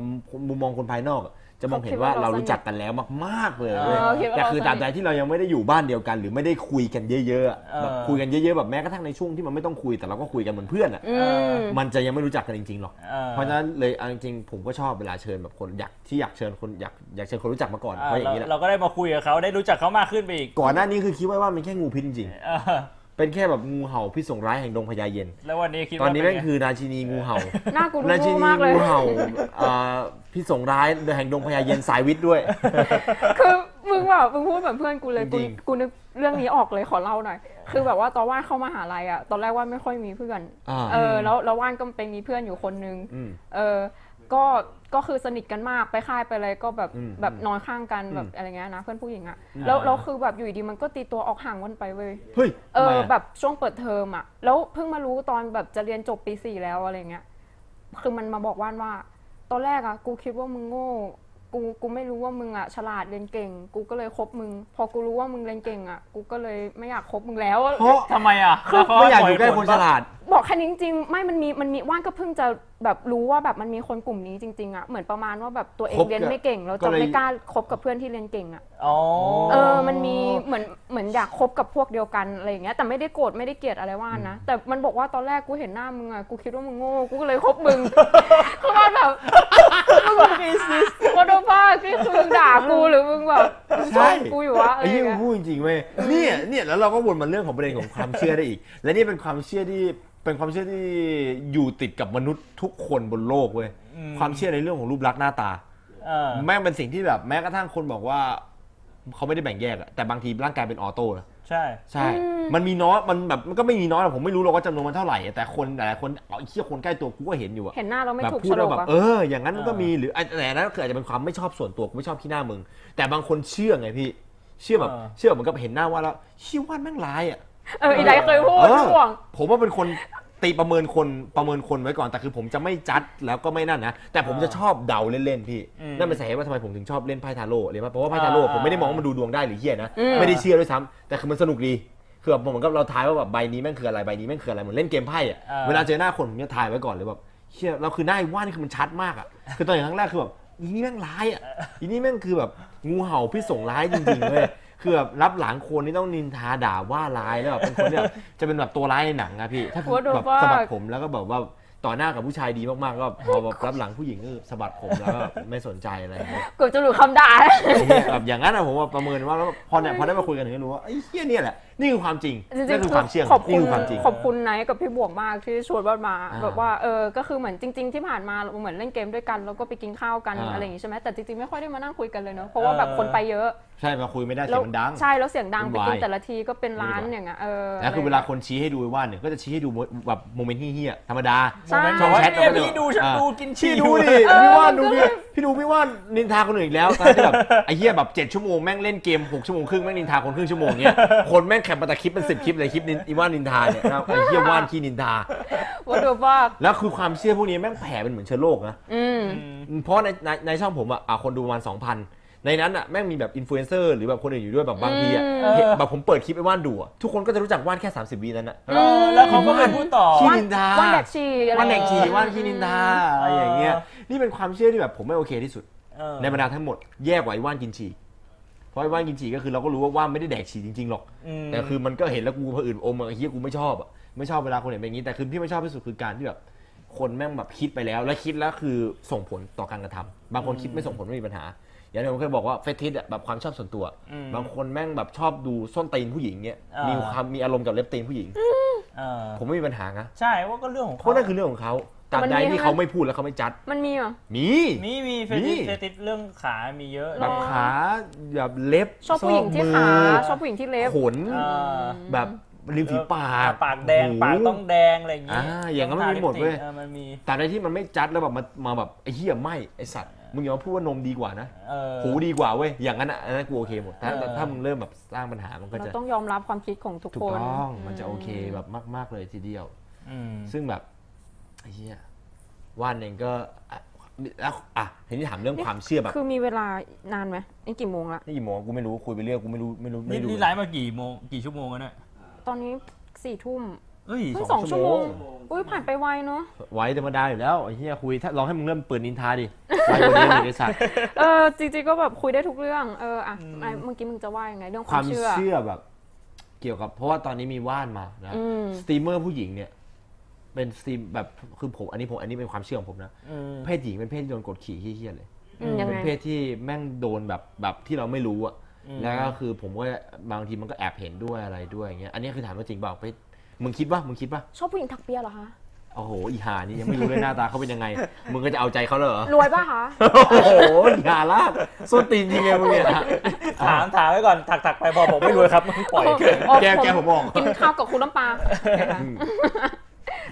[SPEAKER 1] มุมมองคนภายนอกอะจะมองเห็นว่าเรารู้จักกันแล้วมากๆเลย
[SPEAKER 3] เอ
[SPEAKER 1] เว้ย
[SPEAKER 3] อคิดว่า
[SPEAKER 1] แต่
[SPEAKER 3] เรา
[SPEAKER 1] คือ
[SPEAKER 3] ส
[SPEAKER 1] ตราบ
[SPEAKER 3] นิ
[SPEAKER 1] ใด
[SPEAKER 3] ท
[SPEAKER 1] ที่เรายังไม่ได้อยู่บ้านเดียวกัน หรือไม่ได้คุยกันเยอะๆอะ
[SPEAKER 2] เออ
[SPEAKER 1] แบบคุยกันเยอะๆแบบแม้กระทั่งในช่วงที่มันไม่ต้องคุยแต่เราก็คุยกันเหมือนเพื่อนอ่ะ
[SPEAKER 3] อืม
[SPEAKER 1] มันจะยังไม่รู้จักกันจริงๆหรอก
[SPEAKER 2] ออ
[SPEAKER 1] เพราะฉะนั้นเลยเอาจริงๆผมก็ชอบเวลาเชิญแบบคนอยากที่อยากเชิญคนอยากอยากเชิญคนรู้จักมาก่อน
[SPEAKER 2] อ่า
[SPEAKER 1] เพราะอย่างนี้แหละ
[SPEAKER 2] เราเราก็ได้มาคุยกับเขาได้รู้จักเขามากขึ้นไปอีก
[SPEAKER 1] ก่อนหน้านี้คือคิดไว้ว่ามันแค่งูพิษจริง
[SPEAKER 2] เออ
[SPEAKER 1] ๆเป็นแค่แบบงูเห่าพิษส่งร้ายแห่งดงพญาเย็น
[SPEAKER 2] แล้ววันนี้คิด
[SPEAKER 1] ตอนนี้
[SPEAKER 2] ว่า
[SPEAKER 1] แม่ง
[SPEAKER 2] เป็ไ
[SPEAKER 1] คือราชินีงูเห่า
[SPEAKER 3] หน้ากูดู
[SPEAKER 1] ราชิ
[SPEAKER 3] โง่
[SPEAKER 1] นี
[SPEAKER 3] มากเลย
[SPEAKER 1] งูเห่าเอ่อพิษส่งร้ายแห่งดงพญาเย็นสายวิทย์ด้วย
[SPEAKER 3] คือมึงแบบมึงพูดแบบเพื่อนกูเลยกู
[SPEAKER 1] จริง
[SPEAKER 3] กูนึกเรื่องนี้ออกเลยขอเล่าหน่อย คือแบบว่าตอนว่านเข้ามหาลัยอะตอนแรกว่านไม่ค่อยมีเพื่อน
[SPEAKER 1] อ่า
[SPEAKER 3] เออแล้วแล้วว่านก็ไปมีเพื่อนอยู่คนนึง
[SPEAKER 1] อืม
[SPEAKER 3] เออก็ก็คือสนิทกันมากไปค่ายไปอะไรก็แบบ
[SPEAKER 1] อืม
[SPEAKER 3] แบบนอนข้างกันแบบ
[SPEAKER 1] อืม
[SPEAKER 3] อะไรเงี้ยนะเพื่อนผู้หญิงอะแล้วแล้วคือแบบอยู่ดีๆมันก็ตีตัวออกห่างกันไปเว้ย
[SPEAKER 1] เฮ้ย
[SPEAKER 3] เอ
[SPEAKER 1] ทำไม
[SPEAKER 3] อ
[SPEAKER 1] อะ
[SPEAKER 3] แบบช่วงเปิดเทอมอะแล้วเพิ่งมารู้ตอนแบบจะเรียนจบปีสี่แล้วอะไรเงี้ยคือมันมาบอกว่านว่า ตอนแรกอะกูคิดว่ามึงโง่ กูกูไม่รู้ว่ามึงอะฉลาดเรียนเก่ง กูก็เลยคบมึง พอกูรู้ว่ามึงเรียนเก่งอะกูก็เลยไม่อยากคบมึงแล้ว
[SPEAKER 1] เพราะ
[SPEAKER 2] ทำไมอ่ะแล้วเข
[SPEAKER 1] ไม่อยากอยู่ใกล้
[SPEAKER 2] ปผ
[SPEAKER 1] คนฉลาด
[SPEAKER 3] บอกแค่นี้จริงๆไม่มันมีมันมีว่านก็เพิ่งจะแบบรู้ว่าแบบมันมีคนกลุ่มนี้จริงๆอะเหมือนประมาณว่าแบบตัวเอง
[SPEAKER 1] คบ
[SPEAKER 3] เรียนไม่เก่งแล้ว
[SPEAKER 1] ก็
[SPEAKER 3] จะ
[SPEAKER 1] เลย
[SPEAKER 3] ไม่กล้าคบกับเพื่อนที่เรียนเก่งอะ
[SPEAKER 2] อ๋อ
[SPEAKER 3] เออ มันมีเหมือนเหมือนอยากคบกับพวกเดียวกันอะไรอย่างเงี้ย แต่ไม่ได้โกรธไม่ได้เกลียดอะไรว่านนะ แต่มันบอกว่าตอนแรกกูเห็นหน้ามึงอะกูคิดว่ามึงโง่ กูก็เลยคบมึง คือว่าแบบมึง แบบว่าโดนบ้าคือคือมึงด่ากูหรือมึงแบบมึงชมกูอยู่วะอะไร
[SPEAKER 1] ไอ้
[SPEAKER 3] อ
[SPEAKER 1] ที่
[SPEAKER 3] ย่าง
[SPEAKER 1] มึง
[SPEAKER 3] เงี้ย
[SPEAKER 1] พูดจริงๆเว้ยเนี่ยเนี่ยแล้วเราก็วนมาเรื่องของประเด็นของความเชื่อได้อีก และนี่เป็นความเชื่อที่เป็นความเชื่อที่อยู่ติดกับมนุษย์ทุกคนบนโลกเว้ย
[SPEAKER 2] อืม
[SPEAKER 1] ความเชื่อในเรื่องของรูปลักษณ์หน้าตา
[SPEAKER 2] เออ
[SPEAKER 1] แม่งเป็นสิ่งที่แบบแม้กระทั่งคนบอกว่าเขาไม่ได้แบ่งแยกอะแต่บางทีร่างกายเป็นออโต้นะ
[SPEAKER 2] ใช่
[SPEAKER 1] ใช่ มันมีน้อยมันแบบมันก็ไม่มีน้อยหรอกผมไม่รู้หรอกว่าจำนวนมันเท่าไหร่แต่คนหลายๆคนเอาไอ้เชี่ยคนใกล้ตัวกูก็เห็นอยู่อะ
[SPEAKER 3] เห็นหน้าเราไม่
[SPEAKER 1] แบบ
[SPEAKER 3] ถูก
[SPEAKER 1] พู
[SPEAKER 3] โฉ
[SPEAKER 1] ด
[SPEAKER 3] ล
[SPEAKER 1] แล้ว
[SPEAKER 3] ก
[SPEAKER 1] แบบ
[SPEAKER 3] อะ
[SPEAKER 1] เอออย่างนั้นมันก็มีหรือไอ้แต่อันนั้นก็คืออาจจะเป็นความไม่ชอบส่วนตัวกูไม่ชอบขี้หน้ามึง แต่บางคนเชื่อไงพี่ เชื่อแบบ
[SPEAKER 2] เออ
[SPEAKER 1] เชื่อเหมือนกับเห็นหน้าว่าแล้วชี้ว่านแม่งร้ายอ่ะ
[SPEAKER 3] เอออีไดเคยพูด
[SPEAKER 1] เออ
[SPEAKER 3] ห่วง
[SPEAKER 1] ผมว่าเป็นคนตีประเมินคนประเมินคนไว้ก่อนแต่คือผมจะไม่จัดแล้วก็ไม่นั่นนะแต่ผมจะชอบเดาเล่นๆพี่
[SPEAKER 2] อืม
[SPEAKER 1] นั่นเป็นสาเหตุว่าทำไมผมถึงชอบเล่นไพ่ทาโร่เลยป่ะเพราะว่าไพ่ทาโร่
[SPEAKER 2] อ่า
[SPEAKER 1] ผมไม่ได้มองว่ามันดูดวงได้หรือเฮียนะ
[SPEAKER 3] อืม
[SPEAKER 1] ไม่ได้เชื่อด้วยซ้ำแต่คือมันสนุกดีคือแบบเหมือนกับเราทายว่าแบบใบนี้แม่งคืออะไรใบนี้แม่งคืออะไรเหมือนเล่นเกมไพ่อะ
[SPEAKER 2] อ่า
[SPEAKER 1] เวลาเจอหน้าคนผมจะถ่ายไว้ก่อนเลยแบบเชี่ยเราคือหน้าไอ้ว่านนี่คือมันชัดมากอ่ะ คือตอนอย่างครั้งแรกคือแบบอีนี่แม่งร้ายอ่ะอีนี่แม่งคือแบบงูเห่าพี่ส่งร้ายจริงๆเลย คือแบบรับหลังคนนี่ต้องนินทาด่าว่าร้ายแล้วแบบเป็นคนที่แบบจะเป็นแบบตัวร้ายในหนังอะพี่ ถ้าคือ
[SPEAKER 3] ว่าโดน
[SPEAKER 1] แบบ
[SPEAKER 3] ว่า
[SPEAKER 1] สะบัดผมแล้วก็แบบว่า ต่อหน้ากับผู้ชายดีมากๆก็พอรับหลังผู้หญิงก็สะบัดผมแล้วก็ไม่สนใจอะไรอย่างเงี้ย
[SPEAKER 3] เกือบจะหลุดคำด่า
[SPEAKER 1] เนี่ยแบบอย่างนั้นอะผมว่าประเมินว่าแล้วพอเนี่ยพอได้มาคุยกันถึงจะรู้ว่าไอ้เหี้ยเนี่ยแหละนี่คือความจริง
[SPEAKER 3] จริง
[SPEAKER 1] นี่
[SPEAKER 3] ๆ
[SPEAKER 1] คือความเชื่อ
[SPEAKER 3] ขอบ
[SPEAKER 1] นี่
[SPEAKER 3] คุณ
[SPEAKER 1] คือความจริง
[SPEAKER 3] ขอบคุณไนท์กับพี่บวกมากที่ชวนว่ามา
[SPEAKER 1] อ่า
[SPEAKER 3] แบบว่าเออก็คือเหมือนจริง ๆ ที่ผ่านมาเราเหมือนเล่นเกมด้วยกัน แล้วก็ไปกินข้าวกัน
[SPEAKER 1] อ่า
[SPEAKER 3] อะไรอย่างงี้ใช่ไหมแต่จริงๆไม่ค่อยได้มานั่งคุยกันเลยเนอะเพราะว่าแบบคนไปเยอะ
[SPEAKER 1] ใช่มาคุยไม่ได้
[SPEAKER 3] แล้
[SPEAKER 1] เสี
[SPEAKER 3] ว
[SPEAKER 1] ง
[SPEAKER 3] ย
[SPEAKER 1] มันดัง
[SPEAKER 3] ใช่แล้วเสียงดัง
[SPEAKER 1] วุ่น
[SPEAKER 3] ไป
[SPEAKER 1] วาย
[SPEAKER 3] กินแต่ละทีก็เป็นร้าน
[SPEAKER 1] วุ่นวาย
[SPEAKER 3] อย่างเงี้ยเออ
[SPEAKER 1] นะคือ
[SPEAKER 3] อะไร
[SPEAKER 1] เวลาคนชี้ให้ดูไอ้ว่านเนี่ยก็จะชี้ให้ดูแบบโมเมนต์เหี้ยๆธรรมดา
[SPEAKER 3] ใช่
[SPEAKER 1] ช่องแชท
[SPEAKER 2] เนี่ย
[SPEAKER 1] มันก็จะ
[SPEAKER 2] พี่ดูฉันดูกิน
[SPEAKER 1] พี่
[SPEAKER 2] ฉี่
[SPEAKER 1] ดู
[SPEAKER 2] อยู่
[SPEAKER 1] ดิ
[SPEAKER 3] เออ
[SPEAKER 1] พี่ว่านดูดิ
[SPEAKER 3] ก็
[SPEAKER 1] พี่ดูพี่ว่านนินทาคนอื่นอีกแล้วตอนที่แบบไอ้เหี้ยแบบ7ชั่วโมงแม่งเล่นเกม6ชั่วโมงครึ่งแม่งนินทาคนครึ่งชั่วโมงเนี่ยคนแม่งแคปมาแต่คลิปเป็น10คลิปเลยคลิปนินไอ้ว่านนินทาเนี่ยนะครับไอ้เหี้ยว่านขี้นินทา
[SPEAKER 3] ว่าดูว่า
[SPEAKER 1] แล้วคือความเชื่อพวกนี้แม่งแผ่เป็นเหมือนเชื้อโรคนะ
[SPEAKER 3] อืม
[SPEAKER 1] เพราะในในในช่องผมอะอ่ะคนดูประมาณ2,000 ในนั้นอะแม่งมีแบบอินฟลูเอนเซอร์หรือแบบคนอื่นอยู่ด้วยแบบบางทีอะ
[SPEAKER 3] อืม
[SPEAKER 1] เห็นแบบผมเปิดคลิปไอ้ว่านดูอะทุกคนก็จะรู้จักว่านแค่ 30วินั้นนะ
[SPEAKER 2] เออแล้วเขาก็ไม่พูดต่อ
[SPEAKER 1] ขี้
[SPEAKER 3] ว่าน
[SPEAKER 1] นินทา
[SPEAKER 3] ว่านแดกชีอะไร
[SPEAKER 1] ว่านแดกที
[SPEAKER 3] เออ
[SPEAKER 1] ว่านขี้นินทาอะไรอย่างเงี้ย
[SPEAKER 2] เอ
[SPEAKER 1] นี่เป็นความเชื่อที่แบบผมไม่โอเคที่สุด
[SPEAKER 2] เออ
[SPEAKER 1] ในบรรดาทั้งหมดแย่กว่าไอ้ว่านกินฉี่เพราะไอ้ว่านกินฉี่ก็คือเราก็รู้ว่าว่านไม่ได้แดกฉี่จริงๆหรอก
[SPEAKER 2] อืม
[SPEAKER 1] แต่คือมันก็เห็นแล้วกูเผอื่นอมอะไอ้เฮียกูไม่ชอบอะไม่ชอบเวลาคนเห็นเป็นอย่างนี้ แต่คือที่ไม่ชอบที่สุดคือการที่แบบ คนแม่งแบบคิดไปแล้ว และคิดแล้วคือส่งผลต่อการกระทำบางคนคิดไม่ส่งผลไม่มีปัญหา อย่างที่ผมเคยบอกว่าเฟติชอะแบบความชอบส่วนตัว
[SPEAKER 2] อืม
[SPEAKER 1] บางคนแม่งแบบชอบดูส้นตีนผู้หญิงเนี้ย
[SPEAKER 2] อ่ามี
[SPEAKER 1] มีความมีอารมณ์กับเล็บตีนผู้หญิง
[SPEAKER 2] เออ
[SPEAKER 1] ผมไม่มีปัญหานะ
[SPEAKER 2] ใช่ว่าก็เรื่องของ
[SPEAKER 1] เพ
[SPEAKER 2] เขา
[SPEAKER 1] ราะนั่นคือเรื่องของเขาตราบใด
[SPEAKER 3] แต่มันมี
[SPEAKER 1] ที่
[SPEAKER 3] นะ
[SPEAKER 1] เขาไม่พูดแล้วเขาไม่จัด
[SPEAKER 3] มันมีเหรอ
[SPEAKER 1] มี
[SPEAKER 2] มีมีเฟ
[SPEAKER 1] มี
[SPEAKER 2] ติชเฟติชเรื่องขามีเยอะ
[SPEAKER 3] หร
[SPEAKER 1] แบบขาแบบเล็บ
[SPEAKER 3] ชอบผู้หญิงที่
[SPEAKER 1] ซกมื
[SPEAKER 3] ขา
[SPEAKER 1] อ
[SPEAKER 3] ชอบผู้หญิงที่เล็บ
[SPEAKER 1] ขน
[SPEAKER 2] เออ
[SPEAKER 1] แบบริมฝีปาก
[SPEAKER 2] ปากแดงปากต้องแดงอะไรอย่างเงี้ย
[SPEAKER 1] อ่าอย่างนั้นมันมีหมดเว้ย
[SPEAKER 2] ออมันมี
[SPEAKER 1] แต่ในที่มันไม่จัดแล้วแบบมามาแบบไอ้เหี้ยไม่ไอ้สัตว์มึงอย่ามาพูดว่านมดีกว่านะ
[SPEAKER 2] เออ
[SPEAKER 1] หูดีกว่าเว้ยอย่างนั้นอ่ะอันนั้นกูโอเคหมดถ้า
[SPEAKER 2] เออ
[SPEAKER 1] ถ้ามึงเริ่มแบบสร้างปัญหามันก็
[SPEAKER 3] เรา
[SPEAKER 1] จะ
[SPEAKER 3] ต้องยอมรับความคิดของทุก
[SPEAKER 1] ถู
[SPEAKER 3] ค
[SPEAKER 1] ก
[SPEAKER 3] น
[SPEAKER 1] ต้องมันจะโอเคแบบมาก ๆเลยทีเดียว
[SPEAKER 2] อืม
[SPEAKER 1] ซึ่งแบบไอ้เหี้ยว่านเองก็อ่ะแล้วอ่ะทีนี้ถามเรื่องความเชื่อแบบ
[SPEAKER 3] คือมีเวลานานไหมนี่กี่โมงละ
[SPEAKER 1] นี่กี่โมงกูไม่รู้คุยไปเรื่อยกูไม่รู้ไม่รู้
[SPEAKER 2] นี่
[SPEAKER 1] ไม่รู้
[SPEAKER 2] นี่ไลฟ์มากี่โมงกี่ชั่วโมงแล้วเนี่ย
[SPEAKER 3] ตอนนี้สี่ทุ่ม
[SPEAKER 2] เอ้ย
[SPEAKER 3] เพิ่ง
[SPEAKER 1] ส
[SPEAKER 3] ส
[SPEAKER 1] อ
[SPEAKER 3] อง ง
[SPEAKER 1] ชั่
[SPEAKER 3] ชั่
[SPEAKER 1] ว
[SPEAKER 3] ว
[SPEAKER 1] โม
[SPEAKER 3] โม
[SPEAKER 1] ง
[SPEAKER 3] ง อุ้ยผ่านไปไวเนาะ
[SPEAKER 1] ไว้ธรรมดาอยู่แล้วไอ้เหี้ยคุยถ้าลองให้มึงเริ่มเปิดนินทา ดิไว้กว่านี้มึงไอ้สัตว์
[SPEAKER 3] เออจริงๆก็แบบคุยได้ทุกเรื่อง เอออ่ะไอ้เมื่อกี้มึงจะว่ายังไงเรื่อง
[SPEAKER 1] ค
[SPEAKER 3] คาว
[SPEAKER 1] วาม ม
[SPEAKER 3] เชื่อ
[SPEAKER 1] เชื่อแบบ เกี่ยวกับเพราะว่าตอนนี้มีว่านมานะ
[SPEAKER 3] อืม
[SPEAKER 1] สตรีมเมอร์ผู้หญิงเนี่ย เป็นสตรีมแบบคือผมอันนี้ผมอันนี้เป็นความเชื่อของผมนะ
[SPEAKER 2] อืม
[SPEAKER 1] เพศหญิงเป็นเพศที่โดนกดขี่เฮี้ยๆเลย
[SPEAKER 3] อืมยัง
[SPEAKER 1] เป็น
[SPEAKER 3] ไง
[SPEAKER 1] เพศที่แม่งโดนแบบแบบที่เราไม่รู้อะ
[SPEAKER 2] อืม
[SPEAKER 1] แล้วก็คือผมก็บางทีมันก็แอบเห็นด้วยอะไรด้วยอย่างเงี้ยอันนี้คือถามว่าจริงเปล่าเพศมึงคิดว่ามึงคิดว่า
[SPEAKER 3] ชอบผู้หญิงถักเปียเหรอคะ
[SPEAKER 1] โอ้โหอีหานี่ยังไม่รู้เลยหน้าตาเขาเป็นยังไง มึงก็จะเอาใจเขาเลยเหรอ
[SPEAKER 3] รวยป่ะคะ
[SPEAKER 1] โอ้โหอีหาลากส้นตีนจริงไงมึงเนี่ย
[SPEAKER 2] ถามถามไว้ก่อนถักถักไปพอบอกไม่รวยครับมึงปล่อย
[SPEAKER 1] แก้แก้ผมออก
[SPEAKER 3] กินข้าวกับคุณ น้ำปลา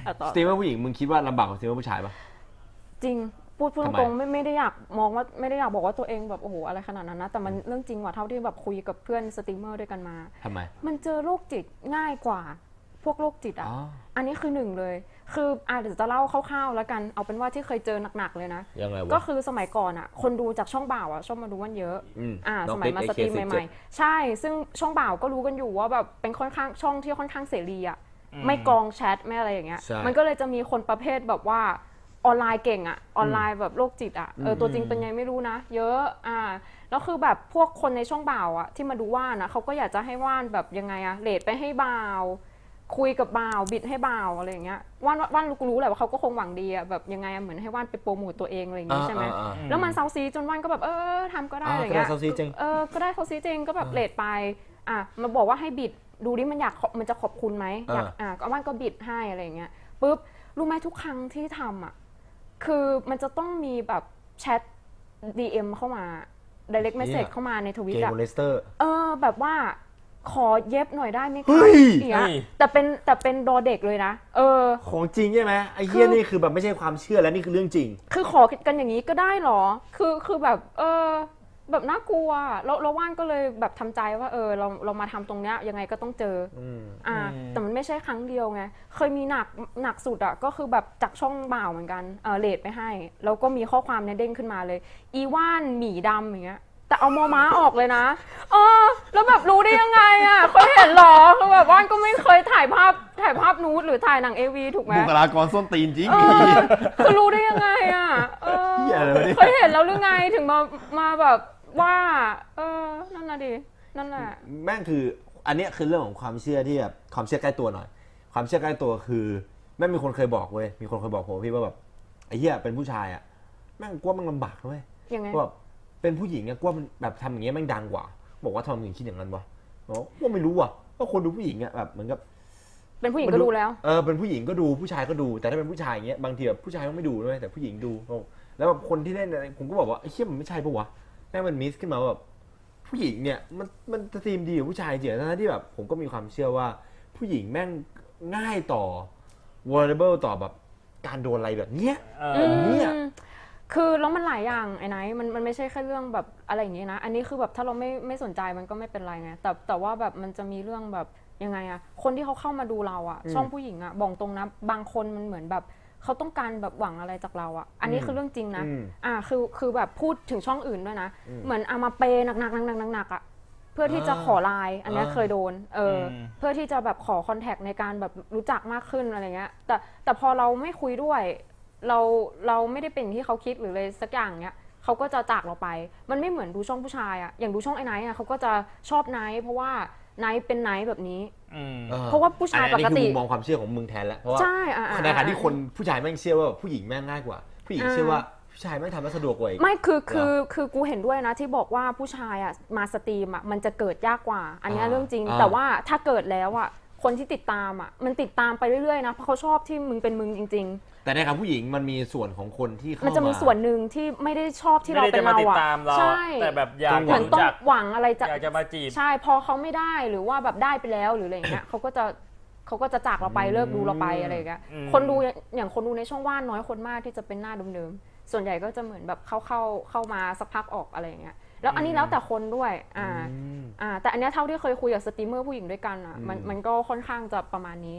[SPEAKER 3] เอาต่อ
[SPEAKER 1] สตรีมเมอร์ผู้หญิงมึงคิดว่าลำบากกว่าสตรีมเมอร์ผู้ชายปะ
[SPEAKER 3] จริง พูดพูด
[SPEAKER 1] ทำไม
[SPEAKER 3] ตรงๆไม่ไม่ได้อยากมองว่าไม่ได้อยากบอกว่าตัวเองแบบโอ้โหอะไรขนาดนั้นนะ แต่มันเรื่องจริงว่ะเท่าที่แบบคุยกับเพื่อนสตรีมเมอร์ด้วยกันมา
[SPEAKER 1] ทำไม
[SPEAKER 3] มันเจอโรคจิตง่ายกว่า พวกโรคจิตอ่ะ
[SPEAKER 1] อ๋อ
[SPEAKER 3] อันนี้คือหนึ่งเลย คืออ่ะเดี๋ยวจะเล่าคร่าวๆแล้วกัน เอาเป็นว่าที่เคยเจอหนักๆเลยนะ
[SPEAKER 1] ยังไงวะ
[SPEAKER 3] ก็คือสมัยก่อนอ่ะ คนดูจากช่องบ่าวอ่ะชอบมาดูวันเยอะ
[SPEAKER 1] อืม
[SPEAKER 3] อ่า
[SPEAKER 1] น้อ
[SPEAKER 3] ส
[SPEAKER 1] ง
[SPEAKER 3] มัยมาสตรีม
[SPEAKER 1] AK47
[SPEAKER 3] ใหม่ๆ ใช่ ซึ่งช่องบ่าวก็รู้กันอยู่ว่าแบบเป็นค่อนข้างช่องที่ค่อนข้างเสรีอ่ะ ไม่กรองแชทไม่อะไรอย่างเงี้ย
[SPEAKER 1] ใช่
[SPEAKER 3] มันก็เลยจะมีคนประเภทแบบว่าออนไลน์เก่งอะออนไลน์แบบโรคจิตอะเออตัวจริงเป็นไงไม่รู้นะ เยอะอ่าแล้วคือแบบพวกคนในช่องบ่าวอะที่มาดูว่านอะเขาก็อยากจะให้ว่านแบบยังไงอะเลดไปให้บ่าว คุยกับบ่าวบิดให้บ่าวอะไรอย่างเงี้ยว่านว่านรู้แหละว่าเขาก็คงหวังดีอะแบบยังไงอะเหมือนให้ว่านไปโปรโมทตัวเองอะไรอย่างงี้ใช่ไหม
[SPEAKER 1] อ่าอ่าอ่า
[SPEAKER 3] แล้วมันเซาซีจนวันก็แบบเออทำก็ได้
[SPEAKER 1] อ่า
[SPEAKER 3] อะไร
[SPEAKER 1] ก็
[SPEAKER 3] เงี้ย
[SPEAKER 1] ได้เซาซีจริง
[SPEAKER 3] เออก็ได้เซาซีจริงก็แบบเลทไปอ่ะมาบอกว่าให้บิดดูดิมันอยากขอมันจะขอบคุณไหมอยากอ่ะก็วันก็บิดให้อะไรเงี้ยปุ๊บรู้ไหมทุกครั้งที่ทำอ่ะคือมันจะต้องมีแบบแชท DM เข้ามา direct message เข้ามาในทวิ
[SPEAKER 1] เก
[SPEAKER 3] ต
[SPEAKER 1] ม
[SPEAKER 3] อ่ะ
[SPEAKER 1] โอเลสเตอร์
[SPEAKER 3] เออแบบว่าขอเย็บหน่อยได้ไหมคะ
[SPEAKER 1] เฮ้ย
[SPEAKER 3] อย่างเงี้ย
[SPEAKER 2] เฮ้ย
[SPEAKER 3] แต่เป็นแต่เป็นดอเด็กเลยนะ เออ
[SPEAKER 1] ของจริงใช่ไหมไอ้เหี้ย
[SPEAKER 3] คือ
[SPEAKER 1] นี่คือแบบไม่ใช่ความเชื่อแล้วนี่คือเรื่องจริง
[SPEAKER 3] คือขอกันอย่างนี้ก็ได้เหรอ คือคือแบบเออแบบน่ากลัวแล้วแล้วว่านก็เลยแบบทำใจว่าเออเราเรามาทำตรงเนี้ยยังไงก็ต้องเจอออ่า
[SPEAKER 2] อืม
[SPEAKER 3] แต่มันไม่ใช่ครั้งเดียวไง เคยมีหนักหนักสุดอะก็คือแบบจากช่องบ่าวเหมือนกันเออเลดไปให้ แล้วก็มีข้อความเนี่ยเด้งขึ้นมาเลย อีว่านหมีดำอย่างเงี้ย แต่เอามอม้าออกเลยนะ เออ แล้วแบบรู้ได้ยังไงอะเคยเห็นเหรอคือแบบว่านก็ไม่เคยถ่ายภาพถ่ายภาพนูดหรือถ่ายหนังเอวีถูกไหม
[SPEAKER 1] บุคลากรส้นตีนจริง
[SPEAKER 3] เออคือรู้ได้ยังไงอ่ะเออ
[SPEAKER 1] เหี้ยอะไรวะเนี่ย
[SPEAKER 3] เคยเห็นแล้วหรือไงถึงมามาแบบว่า เออนั่นน่ะดินั่นแหละ
[SPEAKER 1] แม่งคืออันเนี้ยคือเรื่องของความเชื่อที่แบบความเชื่อใกล้ตัวหน่อย ความเชื่อใกล้ตัวคือ แม่งมีคนเคยบอกเว้ยมีคนเคยบอกผมพี่ว่าแบบไอ้เหี้ยเป็นผู้ชายอ่ะแม่งกลัวามันลำบากนะเว้ย
[SPEAKER 3] ยังไง
[SPEAKER 1] ก็แบบเป็นผู้หญิงอะกว่ามันแบบทำอย่างเงี้ยแม่งดังกว่า บอกว่าทำไมมึงถึงคิดอย่างนั้นวะบอกว่าว่าไม่รู้อ่ะก็คนดูผู้หญิงอะแบบเหมือนกับ
[SPEAKER 3] เป็นผู้หญิงก็ดูแล้ว
[SPEAKER 1] เออเป็นผู้หญิงก็ดูผู้ชายก็ดู แต่ถ้าเป็นผู้ชายอย่างเงี้ยบางทีแบบผู้ชายก็ไม่ดูด้วยแต่ผู้หญิงดูบอกแล้วแบบคนที่เล่นอะไรผมก็บอกว่าไอ้เชี่ยมันไม่ใช่ปะวะแม่งมันมิสขึ้นมาว่าแบบผู้หญิงเนี่ยมันมันสตรีมดีกว่าผู้ชายจริงๆทั้งๆที่แบบผมก็มีความเชื่อว่า ผู้หญิงแม่งง่ายต่อ vulnerable ต่อแบบการโดนอะไรแบบเนี้ย
[SPEAKER 2] เอ
[SPEAKER 3] อื
[SPEAKER 2] อ
[SPEAKER 3] ม
[SPEAKER 1] เนี่ย
[SPEAKER 3] คือแล้วมันหลายอย่างไอ้ไนท์มันมันไม่ใช่แค่เรื่องแบบอะไรอย่างนี้นะ อันนี้คือแบบถ้าเราไม่ไม่สนใจมันก็ไม่เป็นไรไง แต่แต่ว่าแบบมันจะมีเรื่องแบบยังไงอะคนที่เขาเข้ามาดูเราอะช่องผู้หญิงอะบอกตรงนะบางคนมันเหมือนแบบเขาต้องการแบบหวังอะไรจากเราอะอันนี้คือเรื่องจริงนะ
[SPEAKER 1] อืม
[SPEAKER 3] อ่าคือคือแบบพูดถึงช่องอื่นด้วยนะ เหมือนเอามาเปย์หนักหนักหนักหนักหนักๆอะเพื่อที่จะขอไลน์อันเนี้ย
[SPEAKER 1] อ่า
[SPEAKER 3] เคยโดนเอออ
[SPEAKER 2] ม
[SPEAKER 3] เพื่อที่จะแบบขอคอนแทคในการแบบรู้จักมากขึ้นอะไรเงี้ย แต่แต่พอเราไม่คุยด้วย เราเราไม่ได้เป็นอย่างที่เขาคิดหรือเลยสักอย่างเนี้ยเขาก็จะจากเราไป มันไม่เหมือนดูช่องผู้ชายอะอย่างดูช่องไอ้ไนท์อะเขาก็จะชอบไนท์เพราะว่าไนท์เป็นไนท์แบบนี้
[SPEAKER 2] อืม
[SPEAKER 1] ออ
[SPEAKER 3] เพราะว่าผู้ชาย
[SPEAKER 1] อันนี้
[SPEAKER 3] ปกติ
[SPEAKER 1] คือมุมมองความเชื่อของมึงแทนแล้วเพราะว่า
[SPEAKER 3] ใช่อ่ะอ่ะ
[SPEAKER 1] ขณะที่คนผู้ชายแม่งเชื่อว่าผู้หญิงแม่งง่ายกว่า ผู้หญิงเชื่อว่าผู้ชายแม่งทำแล้วสะดวกกว่าอีก
[SPEAKER 3] ไม่คือ
[SPEAKER 1] เหรอ
[SPEAKER 3] คือคือกูเห็นด้วยนะที่บอกว่าผู้ชายอะมาสตรีมอะมันจะเกิดยากกว่า อันเนี้ย
[SPEAKER 1] อ่า
[SPEAKER 3] เรื่องจริง
[SPEAKER 1] อ่า
[SPEAKER 3] แต่ว่าถ้าเกิดแล้วอะคนที่ติดตามอะมันติดตามไปเรื่อยๆนะเพราะเขาชอบที่มึงเป็นมึงจริง ๆ
[SPEAKER 1] แต่ในคำผู้หญิงมันมีส่วนของคนที่เข้า
[SPEAKER 3] มัน
[SPEAKER 1] มา
[SPEAKER 3] จะมีส่วนหนึ่งที่ไม่ได้ชอบที่เรา
[SPEAKER 2] ไม่ได้
[SPEAKER 3] เป็
[SPEAKER 2] จะ
[SPEAKER 3] น
[SPEAKER 2] มา
[SPEAKER 3] เรา
[SPEAKER 2] ติด
[SPEAKER 3] อ่ะ
[SPEAKER 2] ตามเรา
[SPEAKER 3] ใช่
[SPEAKER 2] แต่แบบอยา
[SPEAKER 1] ต้
[SPEAKER 2] ก
[SPEAKER 1] อง
[SPEAKER 3] เหมือนต้อง
[SPEAKER 2] จาก
[SPEAKER 3] หวังอะไรจะ
[SPEAKER 2] อยากจะมาจีบ
[SPEAKER 3] ใช่พอเขาไม่ได้หรือว่าแบบได้ไปแล้วหรืออะไรอย่างเงี้ย เขาก็จะเขาก็จะจากเราไปเลิกดูเราไปอะไรอย่างเงี้ย
[SPEAKER 2] อืม
[SPEAKER 3] คนดูอย่างอย่างคนดูในช่องว่านน้อยคนมากที่จะเป็นหน้าเดิมๆส่วนใหญ่ก็จะเหมือนแบบเข้าเข้าเข้ามาสักพักออกอะไรอย่างเงี้ยแล้วอันนี้แล้วแต่คนด้วยอ่า
[SPEAKER 1] อืม
[SPEAKER 3] อ่าแต่อันเนี้ยเท่าที่เคยคุยกับสตรีมเมอร์ผู้หญิงด้วยกันอ่ะมันมันก็ค่อนข้างจะประมาณนี้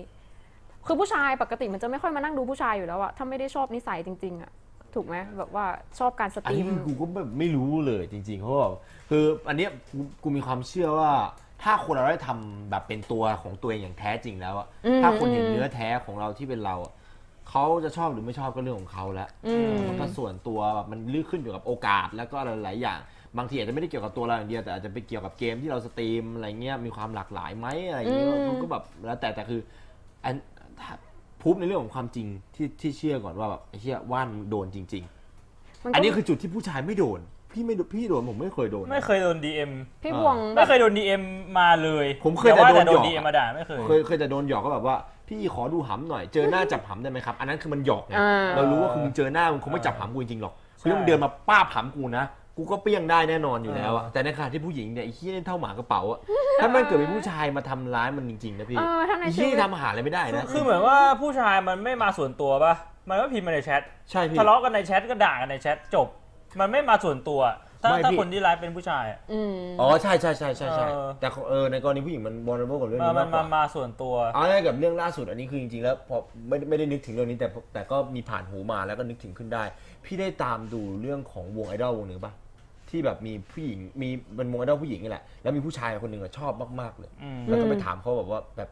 [SPEAKER 3] คือผู้ชายปกติมันจะไม่ค่อยมานั่งดูผู้ชายอยู่แล้วอะถ้าไม่ได้ชอบนิสัยจริงๆอะถูกไหมแบบว่าชอบการส
[SPEAKER 1] อั
[SPEAKER 3] ต
[SPEAKER 1] น
[SPEAKER 3] รี
[SPEAKER 1] นี้
[SPEAKER 3] ม
[SPEAKER 1] คือกูก็แบบไม่รู้เลยจริงๆเพราะว่าคืออันเนี้ยกูกูมีความเชื่อว่า ถ้าคนเราได้ทำแบบเป็นตัวของตัวเองอย่างแท้จริงแล้วอะ
[SPEAKER 3] อืม
[SPEAKER 1] ถ้าคนเห็นเนื้อแท้ของเราที่เป็นเราอะเขาจะชอบหรือไม่ชอบก็เรื่องของเขาแล้ว
[SPEAKER 3] อืม
[SPEAKER 1] มันก็ส่วนตัวแบบมันเลือกขึ้นอยู่กับโอกาสแล้วก็อะไรหลายๆอย่าง บางทีอาจจะไม่ได้เกี่ยวกับตัวเราอย่างเดียวแต่อาจจะไปเกี่ยวกับเกมที่เราสตรีมอะไรเงี้ยมีความหลากหลายไหมอะไรอย่างเงี้ย
[SPEAKER 3] อืม
[SPEAKER 1] มันก็แบบแล้วแต่แต่คืออันถ้าพูดในเรื่องของความจริงที่ที่เชื่อก่อนว่าแบบไอ้เชื่อว่านโดนจริง ๆ
[SPEAKER 3] มัก็
[SPEAKER 1] อันนี้คือจุดที่ผู้ชายไม่โดน พี่ไม่โดนพี่โดนผมไม่เคยโดน
[SPEAKER 2] ไม่เคยโดน DM
[SPEAKER 3] พี่บวงแบ
[SPEAKER 2] ไม่
[SPEAKER 3] บ
[SPEAKER 2] เคยโดน DM มาเลย
[SPEAKER 1] ผมเคยแต่
[SPEAKER 2] อาว่า
[SPEAKER 1] โดน
[SPEAKER 2] แต่โด
[SPEAKER 1] หย
[SPEAKER 2] น
[SPEAKER 1] อก
[SPEAKER 2] DM มาด่าไม่เคย
[SPEAKER 1] เคยเคยแต่โดนหยอกก็แบบว่า พี่ขอดูหำหน่อย เจอหน้าจับหำได้ไหมครับ อันนั้นคือมันหยอกไง
[SPEAKER 3] อ่า
[SPEAKER 1] เรารู้ว่าคือมึงเจอหน้ามึงคงไม่จับหำกูจริงๆหรอก คือ
[SPEAKER 2] ใช่
[SPEAKER 1] มึงเดินมาป้าบหำกูนะ กูก็เปี้ยงได้แน่นอนอยู่แล้วอะแต่ในขณะที่ผู้หญิงเนี่ยไอ้ขี้ยนี่เท่าหมากระเป๋าอะถ้ามันเกิดเป็นผู้ชายมาทำร้ายมันจริงๆนะพี่
[SPEAKER 3] เออถ้าใน
[SPEAKER 1] ไอ้
[SPEAKER 3] ชี
[SPEAKER 1] ขี้ย
[SPEAKER 3] วิต
[SPEAKER 1] นี่ทำอาหารอะไรไม่ได้นะ
[SPEAKER 2] คือเหมือนว่าผู้ชายมันไม่มาส่วนตัวป่ะ มันก็พิมพ์มาในแชท
[SPEAKER 1] ใช่พี่
[SPEAKER 2] ทะเลาะกันในแชทก็ด่ากันในแชทจบ มันไม่มาส่วนตัว ถ้า
[SPEAKER 1] ไม่
[SPEAKER 2] ถ้า
[SPEAKER 1] พี่
[SPEAKER 2] คนที่ไลฟ์เป็นผู้ชายอะ
[SPEAKER 3] อืม
[SPEAKER 1] อ๋อใช่ใช่ใช่ใช่ใช่
[SPEAKER 2] เออ
[SPEAKER 1] แต่ของเออในกรณีผู้หญิงมันบอลเบิลกับเรื่อง
[SPEAKER 2] มา
[SPEAKER 1] นี้
[SPEAKER 2] มั
[SPEAKER 1] มาน กก
[SPEAKER 2] มา
[SPEAKER 1] ว่า
[SPEAKER 2] มาส่วนตัว
[SPEAKER 1] เอาง่ายๆกับเรื่องล่าสุดอันนี้คือจริงๆแล้วพอไม่ไม่ได้นึกถึงเรื่องนี้แต่แต่ก็มีผ่านหูมาแล้วก็นึกถึงขึ้นได้ พี่ได้ตามดูเรื่องของวงไอดอลวงหนึ่งปะที่แบบมีผู้หญิงมีเป็นวงไอดอลผู้หญิงนี่แหละแล้วมีผู้ชายคนหนึ่งอะชอบมากๆเลย
[SPEAKER 2] อืม
[SPEAKER 1] แล้วก็ไปถามเขาแบบว่าแบบ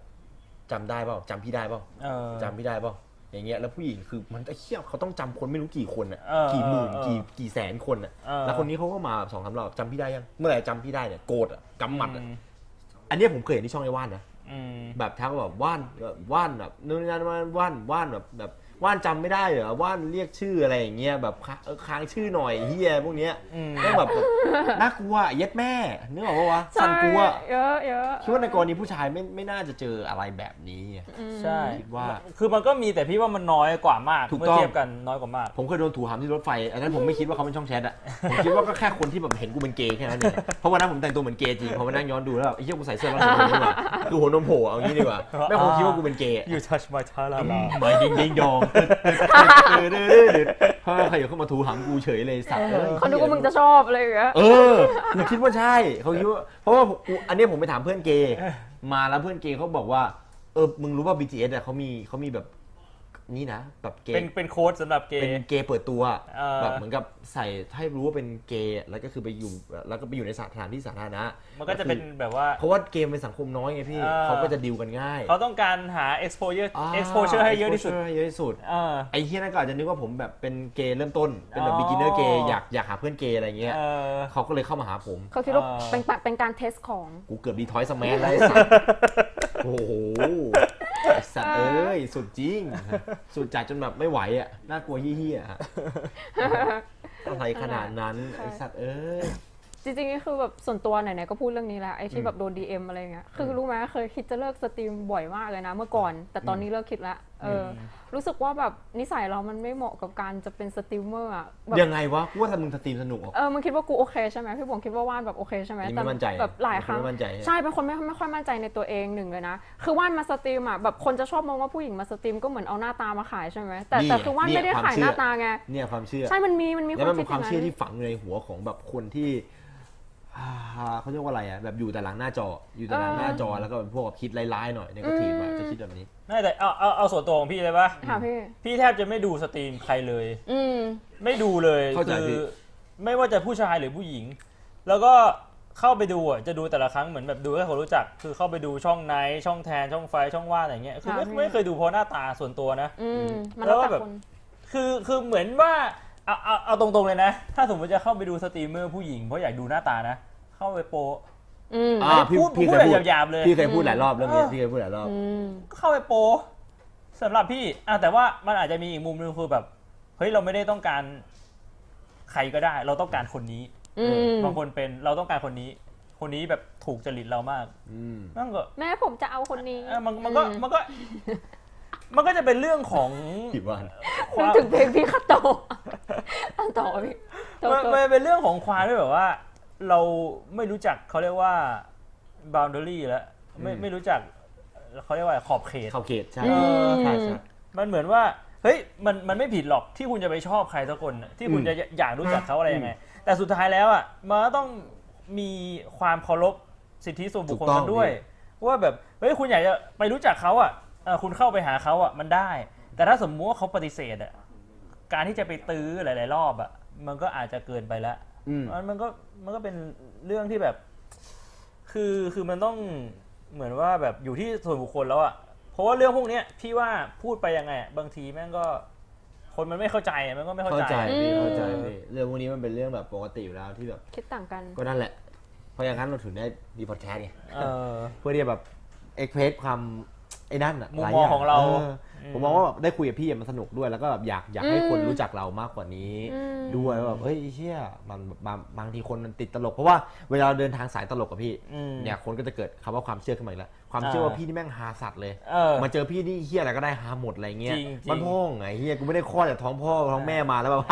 [SPEAKER 1] จำได้เปล่าจำพี่ได้เปล่า
[SPEAKER 2] เออ
[SPEAKER 1] จำพี่ได้เปล่าอย่างเงี้ยแล้วผู้หญิงคือมันไอ้เขี้ยเขาต้องจำคนไม่รู้กี่คนอ่ะ
[SPEAKER 2] เออ
[SPEAKER 1] กี่หมื่น
[SPEAKER 2] เออ
[SPEAKER 1] กี่กี่แสนคนอ่ะ
[SPEAKER 2] เออ
[SPEAKER 1] แล้วคนนี้เขาก็มาแบบสองสามรอบจำพี่ได้ยังเมื่อไหร่จำพี่ได้เนี่ยโกรธอ่ะกำหมัด
[SPEAKER 2] อื
[SPEAKER 1] อ่ะ
[SPEAKER 2] ม
[SPEAKER 1] อันเนี้ยผมเคยเห็นที่ช่องไอ้ว่านนะ
[SPEAKER 2] อืม
[SPEAKER 1] แบบทักว่าแบบว่านแบบว่านแบบนู่นนี่นั่นว่านว่านว่านแบบแบบว่านจำไม่ได้เหรอว่านเรียกชื่ออะไรอย่างเงี้ยแบบค้าเออค้างชื่อหน่อยเฮียพวกเนี้ย
[SPEAKER 2] อืม
[SPEAKER 1] ต้องแบบน่ากลัวเย็ดแม่นึกออกปะวะ
[SPEAKER 3] ใช่
[SPEAKER 1] สั่นกลัว
[SPEAKER 3] เยอะเยอะ
[SPEAKER 1] คิดว่าในกรณีผู้ชายไม่ไม่น่าจะเจออะไรแบบนี้ไง
[SPEAKER 2] ใช่
[SPEAKER 1] คิดว่า
[SPEAKER 2] คือมันก็มีแต่พี่ว่ามันน้อยกว่ามาก
[SPEAKER 1] ถูก
[SPEAKER 2] เมื่อ
[SPEAKER 1] ต้อง
[SPEAKER 2] เทียบกันน้อยก ว่ามาก
[SPEAKER 1] ผมเคยโดนถูหามที่รถไฟ อันนั้นผมไม่คิดว่าเขาเป็นช่องแชทอะผมคิดว่าก็แค่คนที่แบบเห็นกูเป็นเกย์แค่นั้นเองเพราะวันนั้นผมแต่งตัวเหมือนเกย์จริงพอมานั่งย้อนดูแล้วแบบไอ้เหี้ยกูใส่เสื้อแล้วหัวนมดีกว่าคือหัวนมโผล่เอางี้ดีกว่าแม่งคงคิดว่ากูเป็นเกย์อะ
[SPEAKER 2] You touch my tala
[SPEAKER 1] หมายดิงดิงด องพ่อใครอยู่เข้ามาถูหางกูเฉยเลยสัตว์อ้ย
[SPEAKER 3] เขาดูว่ามึงจะชอบอะไรอย่างเงี้ย
[SPEAKER 1] เออกูคิดว่าใช่เขาคิดว่าเพราะว่าผมอันเนี้ยผมไปถามเพื่อนเกย์มาแล้วเพื่อนเกย์เขาบอกว่า เออมึงรู้ว่า BTS อะเขามีเขามีแบบนี่นะแบบเก
[SPEAKER 2] เป็น
[SPEAKER 1] ย์
[SPEAKER 2] เป็นโค้ดสำหรับเก
[SPEAKER 1] เป็น
[SPEAKER 2] ย์
[SPEAKER 1] เกย์เปิดตัวอะ
[SPEAKER 2] เออ
[SPEAKER 1] แบบเหมือนกับใส่ให้รู้ว่าเป็นเกย์แล้วก็คือไปอยู่แล้วก็ไปอยู่ในสถานที่สาธารณะ
[SPEAKER 2] มันก็จะเป็นแบบว่า
[SPEAKER 1] เพราะว่าเกมเป็นสังคมน้อยไงพี่
[SPEAKER 2] เออ
[SPEAKER 1] เขาก็จะดิวกันง่าย
[SPEAKER 2] เขาต้องการหา exposure
[SPEAKER 1] า
[SPEAKER 2] exposure ให้เยอะที่สุด
[SPEAKER 1] exposure ให้เยอะที่สุด
[SPEAKER 2] เออ
[SPEAKER 1] ไอ้เฮียนั่นก็อาจจะนึกว่าผมแบบเป็นเกย์เริ่มต้น เป็นแบบ
[SPEAKER 2] อ๋อ
[SPEAKER 1] บิ๊กินเนอร์เกย์อยากอยากหาเพื่อนเกย์อะไรเงี้ย
[SPEAKER 2] เออ
[SPEAKER 1] เขาก็เลยเข้ามาหาผม
[SPEAKER 3] เขาคิดว่า
[SPEAKER 2] เออ
[SPEAKER 3] เป็นปะเป็นการเทสของ
[SPEAKER 1] กูเกือบดีทอยสแมนแล้วไอ้สัสโอ้โห ไอ้สัตว์เอ้ยสุดจริง สุดจัดจนแบบไม่ไหวอ่ะน่ากลัวเฮี้ยๆอะอะไรขนาดนั้นไอ้สัตว์เอ้ย
[SPEAKER 3] จริงๆคือแบบส่วนตัวไหนๆก็พูดเรื่องนี้แล้วไอ้ที่แบบโดน DM อะไรเงี้ยคือรู้ไหมเคยคิดจะเลิกสตรีมบ่อยมากเลยนะ เมื่อก่อน แต่ตอนนี้เลิกคิดละเอออรู้สึกว่าแบบนิสัยเรามันไม่เหมาะกับการจะเป็นสตรีมเมอร์อะแบบ
[SPEAKER 1] ยังไงวะกูว่าทำมึงสตรีมสนุกอ่ะ
[SPEAKER 3] เออมึงคิดว่ากูโอเคใช่ไหมพี่บงคิดว่าวานแบบโอเคใช่ไหม
[SPEAKER 1] นี่ไม่
[SPEAKER 3] แต่
[SPEAKER 1] มั่นใจนะ
[SPEAKER 3] แบบหลายครั้ง
[SPEAKER 1] ไม่มั่นใจนะ
[SPEAKER 3] ใช่เป็นคนไม่ไม่ค่อยมั่นใจในตัวเองหนึ่งเลยนะคือว่านมาสตรีมอะแบบคนจะชอบมองว่าผู้หญิงมาสตรีมก็เหมือนเอาหน้าตามาขายใช่ไหมแต่แต่คือว่านไม่ได้ขายหน้าตาไง
[SPEAKER 1] เนี่ยความเชื่อ
[SPEAKER 3] ใช่มันมีมันมี
[SPEAKER 1] แล้ว
[SPEAKER 3] คาว ม
[SPEAKER 1] มันเป็นค
[SPEAKER 3] คิดอ
[SPEAKER 1] วาม
[SPEAKER 3] ย่างนั้
[SPEAKER 1] เชื่อน ที่ฝังในหัวของแบบคนที่ อ่าเขาเรียกว่าอะไรอ่ะแบบอยู่แต่หลังหน้าจอ อยู่แต่หลังหน้าจอแล้วก็เป็นพวกแบบคิดร้ายๆหน่อยในกระทีมอะจะคิดแบบนี้
[SPEAKER 2] ไม่แต่เอาเอาเอาส่วนตัวของพี่เลยปะ
[SPEAKER 3] ค่ะพี่
[SPEAKER 2] พี่แทบจะไม่ดูสตรีมใครเลย
[SPEAKER 3] อืม
[SPEAKER 2] ไม่ดูเลย
[SPEAKER 1] เข้าใจ
[SPEAKER 2] คื
[SPEAKER 1] พี่
[SPEAKER 2] อไม่ว่าจะผู้ชายหรือผู้หญิง แล้วก็เข้าไปดูอ่ะจะดูแต่ละครั้งเหมือนแบบดูแค่คนรู้จัก คือเข้าไปดูช่องไนท์ช่องแทนช่องไฟช่องว่านอะไรเงี้ยคือไม่
[SPEAKER 3] ค่ะพี่
[SPEAKER 2] ไม่เคยดูเพราะหน้าตาส่วนตัวนะ
[SPEAKER 3] อืมมันแล้ว
[SPEAKER 2] แล้วก็
[SPEAKER 3] แต่
[SPEAKER 2] แบบ
[SPEAKER 3] คน
[SPEAKER 2] คือคือเหมือนว่าเอาเอาเอาตรงๆเลยนะ ถ้าสมมติจะเข้าไปดูสตรีมเมอร์ผู้หญิงเพราะอยากดูหน้าตานะ เข้าไปโปะ
[SPEAKER 3] อืม
[SPEAKER 1] อ่าพี่
[SPEAKER 2] พูด
[SPEAKER 1] พี่
[SPEAKER 2] พู
[SPEAKER 1] เค
[SPEAKER 2] ด
[SPEAKER 1] ย
[SPEAKER 2] แบบ
[SPEAKER 1] พูด
[SPEAKER 2] หยาบๆเลย
[SPEAKER 1] พี่เคยพูดหลายรอบเรื่องนี้พี่เคยพูดหลายรอบ
[SPEAKER 3] อืม
[SPEAKER 2] ก็เข้าไปโปสำหรับพี่อ่ะแต่ว่ามันอาจจะมีอีกมุมหนึงคือแบบเฮ้ยเราไม่ได้ต้องการใครก็ได้ เราต้องการคนนี้
[SPEAKER 3] อืม
[SPEAKER 2] บางคนเป็นเราต้องการคนนี้ คนนี้แบบถูกจริตเรามาก
[SPEAKER 1] อืม
[SPEAKER 2] นั่นก็
[SPEAKER 3] แม่ผมจะเอาคนนี้
[SPEAKER 2] เอ้ยมันมันก็
[SPEAKER 3] อื
[SPEAKER 2] มันก็ มันก็จะเป็นเรื่องของ
[SPEAKER 1] ผิดว่านะ
[SPEAKER 2] ค
[SPEAKER 3] นึ
[SPEAKER 2] วาก ม
[SPEAKER 3] ถึงเพลงพี่คาโตอันต่อพี่โต
[SPEAKER 2] มัน
[SPEAKER 3] โต
[SPEAKER 2] มันเป็นเรื่องของความที่แบบว่า เราไม่รู้จักเขาเรียกว่า boundary แล้วไม่
[SPEAKER 1] อืม
[SPEAKER 2] ไม่รู้จักเขาเรียกว่าขอบเขต
[SPEAKER 1] เข้าเขตใช่
[SPEAKER 3] อืม
[SPEAKER 1] ใช่ใช่
[SPEAKER 2] มันเหมือนว่า เฮ้ย มัน มันไม่ผิดหรอกที่คุณจะไปชอบใครสักคนน่ะที่คุณ
[SPEAKER 1] อืม
[SPEAKER 2] จะอยากรู้จักเขาอะไรยังไง แต่สุดท้ายแล้วอ่ะ มันก็ต้องมีความเคารพสิทธิส่วนบุคคล
[SPEAKER 1] ถูกต้อง
[SPEAKER 2] กันด้วย ว่าแบบ เฮ้ย คุณอยากจะไปรู้จักเขาอ่ะเอ่อคุณเข้าไปหาเขาอ่ะ มันได้ แต่ถ้าสมมติว่าเขาปฏิเสธอ่ะ การที่จะไปตื้อหลาย ๆ รอบอ่ะ มันก็อาจจะเกินไปละ
[SPEAKER 1] อืม
[SPEAKER 2] มันมันก็ มันก็เป็นเรื่องที่แบบ คือ คือมันต้อง เหมือนว่าแบบอยู่ที่ส่วนบุคคลแล้วอะเพราะว่าเรื่องพวกเนี้ยพี่ว่าพูดไปยังไงอะบางทีแม่งก็ คนมันไม่เข้าใจอะมันก็ไม่เข้า
[SPEAKER 1] เข้าใจ
[SPEAKER 2] ใจ
[SPEAKER 1] พี่เข้าใจพี่เรื่องพวกนี้มันเป็นเรื่องแบบปกติอยู่แล้วที่แบบ
[SPEAKER 3] คิดต่างกัน
[SPEAKER 1] ก็นั่นแหละ เพราะอย่างนั้นเราถึงได้มีพอดแคสต์ไง
[SPEAKER 2] เออ
[SPEAKER 4] เพื่อที่จะแบบเอ็กเพรสความไอ้นั่นะ
[SPEAKER 2] มุม
[SPEAKER 4] หลย
[SPEAKER 2] มอง
[SPEAKER 4] ย่
[SPEAKER 2] ของเรา
[SPEAKER 4] อ
[SPEAKER 2] อืม
[SPEAKER 4] ผมมองว่าแบบได้คุยกับพี่อะมันสนุกด้วยแล้วก็แบบอยากอยากให้คนรู้จักเรามากกว่านี้
[SPEAKER 3] อืม
[SPEAKER 4] ด้วยว่าแบบเฮ้ยไอ้เชี่ยมันบางบางทีคนมันติดตลก เพราะว่าเวลาเดินทางสายตลกกับพี่
[SPEAKER 2] อืม
[SPEAKER 4] เนี่ยคนก็จะเกิดคำว่าความเชื่อขึ้นมาอีกแล้วความเชื่อว่า
[SPEAKER 2] อ่า
[SPEAKER 4] พี่นี่แม่งหาสัตว์เลย
[SPEAKER 2] เออ
[SPEAKER 4] มาเจอพี่นี่เฮียอะไรก็ได้หาหมดอะไรเงี้ย
[SPEAKER 2] จริงๆ
[SPEAKER 4] มันพ่องไงเฮียกูไม่ได้คลอดจากท้องพ่อท้องแม่มาแล้วแบบ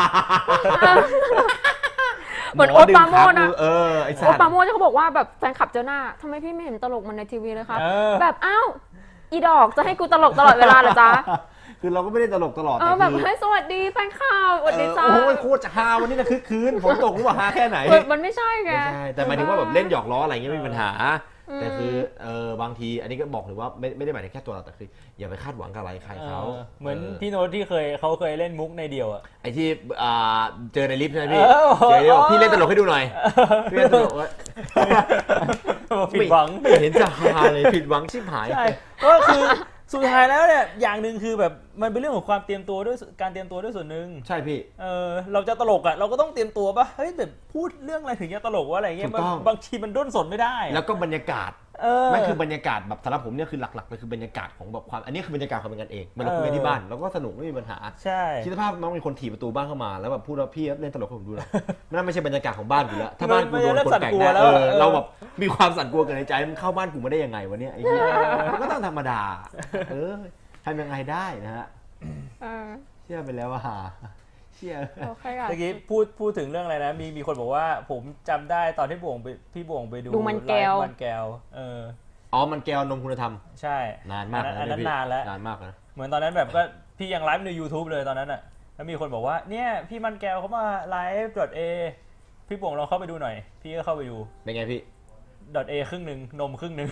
[SPEAKER 3] เหมือนโอ๊ตปราโมชนะ
[SPEAKER 4] หอดึงขกูเออไอ้สั
[SPEAKER 3] โอ๊ต
[SPEAKER 4] ตว์
[SPEAKER 3] ปราโมชเขาบอกว่าแบบแฟนคลับเจ้าหน้าทำไมพี่ไม่เห็นตลกมันในทีวีเลยครับ
[SPEAKER 2] เออ
[SPEAKER 3] แบบอ้าวอีดอกจะให้กูตลกตลอดเวลาเหรอจ๊ะ
[SPEAKER 4] คือเราก็ไม่ได้ตลกตลอด
[SPEAKER 3] เอ
[SPEAKER 4] แต่
[SPEAKER 3] อแบบ
[SPEAKER 4] คือ
[SPEAKER 3] ให้ยสวัสดีแฟนคลับสวัสดีจ้า
[SPEAKER 4] เออโอ้ยโคตรจะฮาวันนี้นะคึกคืนฝนตกรู้ว่าฮาแค่ไหน
[SPEAKER 3] เออมันไม่ใช่ไง
[SPEAKER 4] ไม่ใช่แต่หมายถึงว่าแบบเล่นหยอกล้ออะไรเงี้ยไม่มีปัญหา แต่คือเออบางทีอันนี้ก็บอกเลยว่าไม่ไม่ได้หมายถึงแค่ตัวเราแต่คืออย่าไปคาดหวังกับอะไรใครเขา
[SPEAKER 2] เออเหมือน
[SPEAKER 4] ออ
[SPEAKER 2] พี่โน้ตที่เคยเขาเคยเล่นมุกในเดียวอะ
[SPEAKER 4] ไอ้ที่อ่าเจอในลิฟต์ใช่ไหมพี่
[SPEAKER 2] เออ
[SPEAKER 4] เจอในลิฟต์บอกพี่เล่นตลกให้ดูหน่อยพี่เล่นตลกว่า
[SPEAKER 2] ผิดหวัง
[SPEAKER 4] ไม่ไม่เห็นจะฮาเลยผิดหวังชิบหาย
[SPEAKER 2] ใช่ก็คือสุดท้ายแล้วเนี่ยอย่างหนึ่งคือแบบมันเป็นเรื่องของความเตรียมตัวด้วยการเตรียมตัวด้วยส่วนหนึ่ง
[SPEAKER 4] ใช่พี่
[SPEAKER 2] เออเราจะตลกอะ่ะเราก็ต้องเตรียมตัวปะเฮ้ยแบบพูดเรื่องอะไรถึงจะตลกว่าอะไรเงี้ย
[SPEAKER 4] ถูกต้อง
[SPEAKER 2] บางทีมันด้นสนไม่ได้อะ
[SPEAKER 4] แล้วก็บรรยากาศ
[SPEAKER 2] เออ
[SPEAKER 4] ไม่คือบรรยากาศแบบสำหรับผมเนี่ยคือหลักๆเลยคือบรรยากาศของแบบความอันนี้คือบรรยากาศความเป็นกันเองมันเราคุยกัน
[SPEAKER 2] เออ
[SPEAKER 4] ที่บ้านเราก็สนุกไม่มีปัญหา
[SPEAKER 2] ใช่
[SPEAKER 4] คิดสภาพน้องมีคนถีบประตูบ้านเข้ามาแล้วแบบพูดว่าพี่เล่นตลกให้ผมดู หน่อยนั่นไม่ใช่บรรยากาศของบ้านอยู่แล้วถ้าบ้านกูโดนคนแปลกหน้าเออเราแบบมีความสั่นกลัวเกันในใจมันเข้าบ้านกูมาได้ยังไงวะเนี่ยไอ้เหี้ยมันก็ต้องธรรมดา เออทำยังไงได้นะฮะ
[SPEAKER 3] เออ
[SPEAKER 4] เชื่อไปแล้วว่าเชื่อ
[SPEAKER 3] โอเคค่ะ
[SPEAKER 2] เมื่อกี้พูดพูดถึงเรื่องอะไรนะ มีมีคนบอกว่าผมจำได้ตอนที่บวงไปพี่บวงไปดู
[SPEAKER 3] ดูมันแก้ว
[SPEAKER 2] ไลฟ์มันแก้วเออ
[SPEAKER 4] อ๋อ มันแก้วนมคุณธรรม
[SPEAKER 2] ใช่
[SPEAKER 4] นานมาก
[SPEAKER 2] อันนั้
[SPEAKER 4] เย
[SPEAKER 2] น
[SPEAKER 4] พี่
[SPEAKER 2] นานแล้ว
[SPEAKER 4] นานมากนะ
[SPEAKER 2] เหมือนตอนนั้นแบบก็พี่ยังไลฟ์ใน YouTube เลยตอนนั้นอ่ะแล้วมีคนบอกว่าเนี่ยพี่มันแก้วเขามาไลฟ์ .a พี่บวงลองเข้าไปดูหน่อย พี่ก็เข้าไปดู
[SPEAKER 4] เป็นไงพี่
[SPEAKER 2] .a ครึ่งหนึ่งนมครึ่งหนึ่ง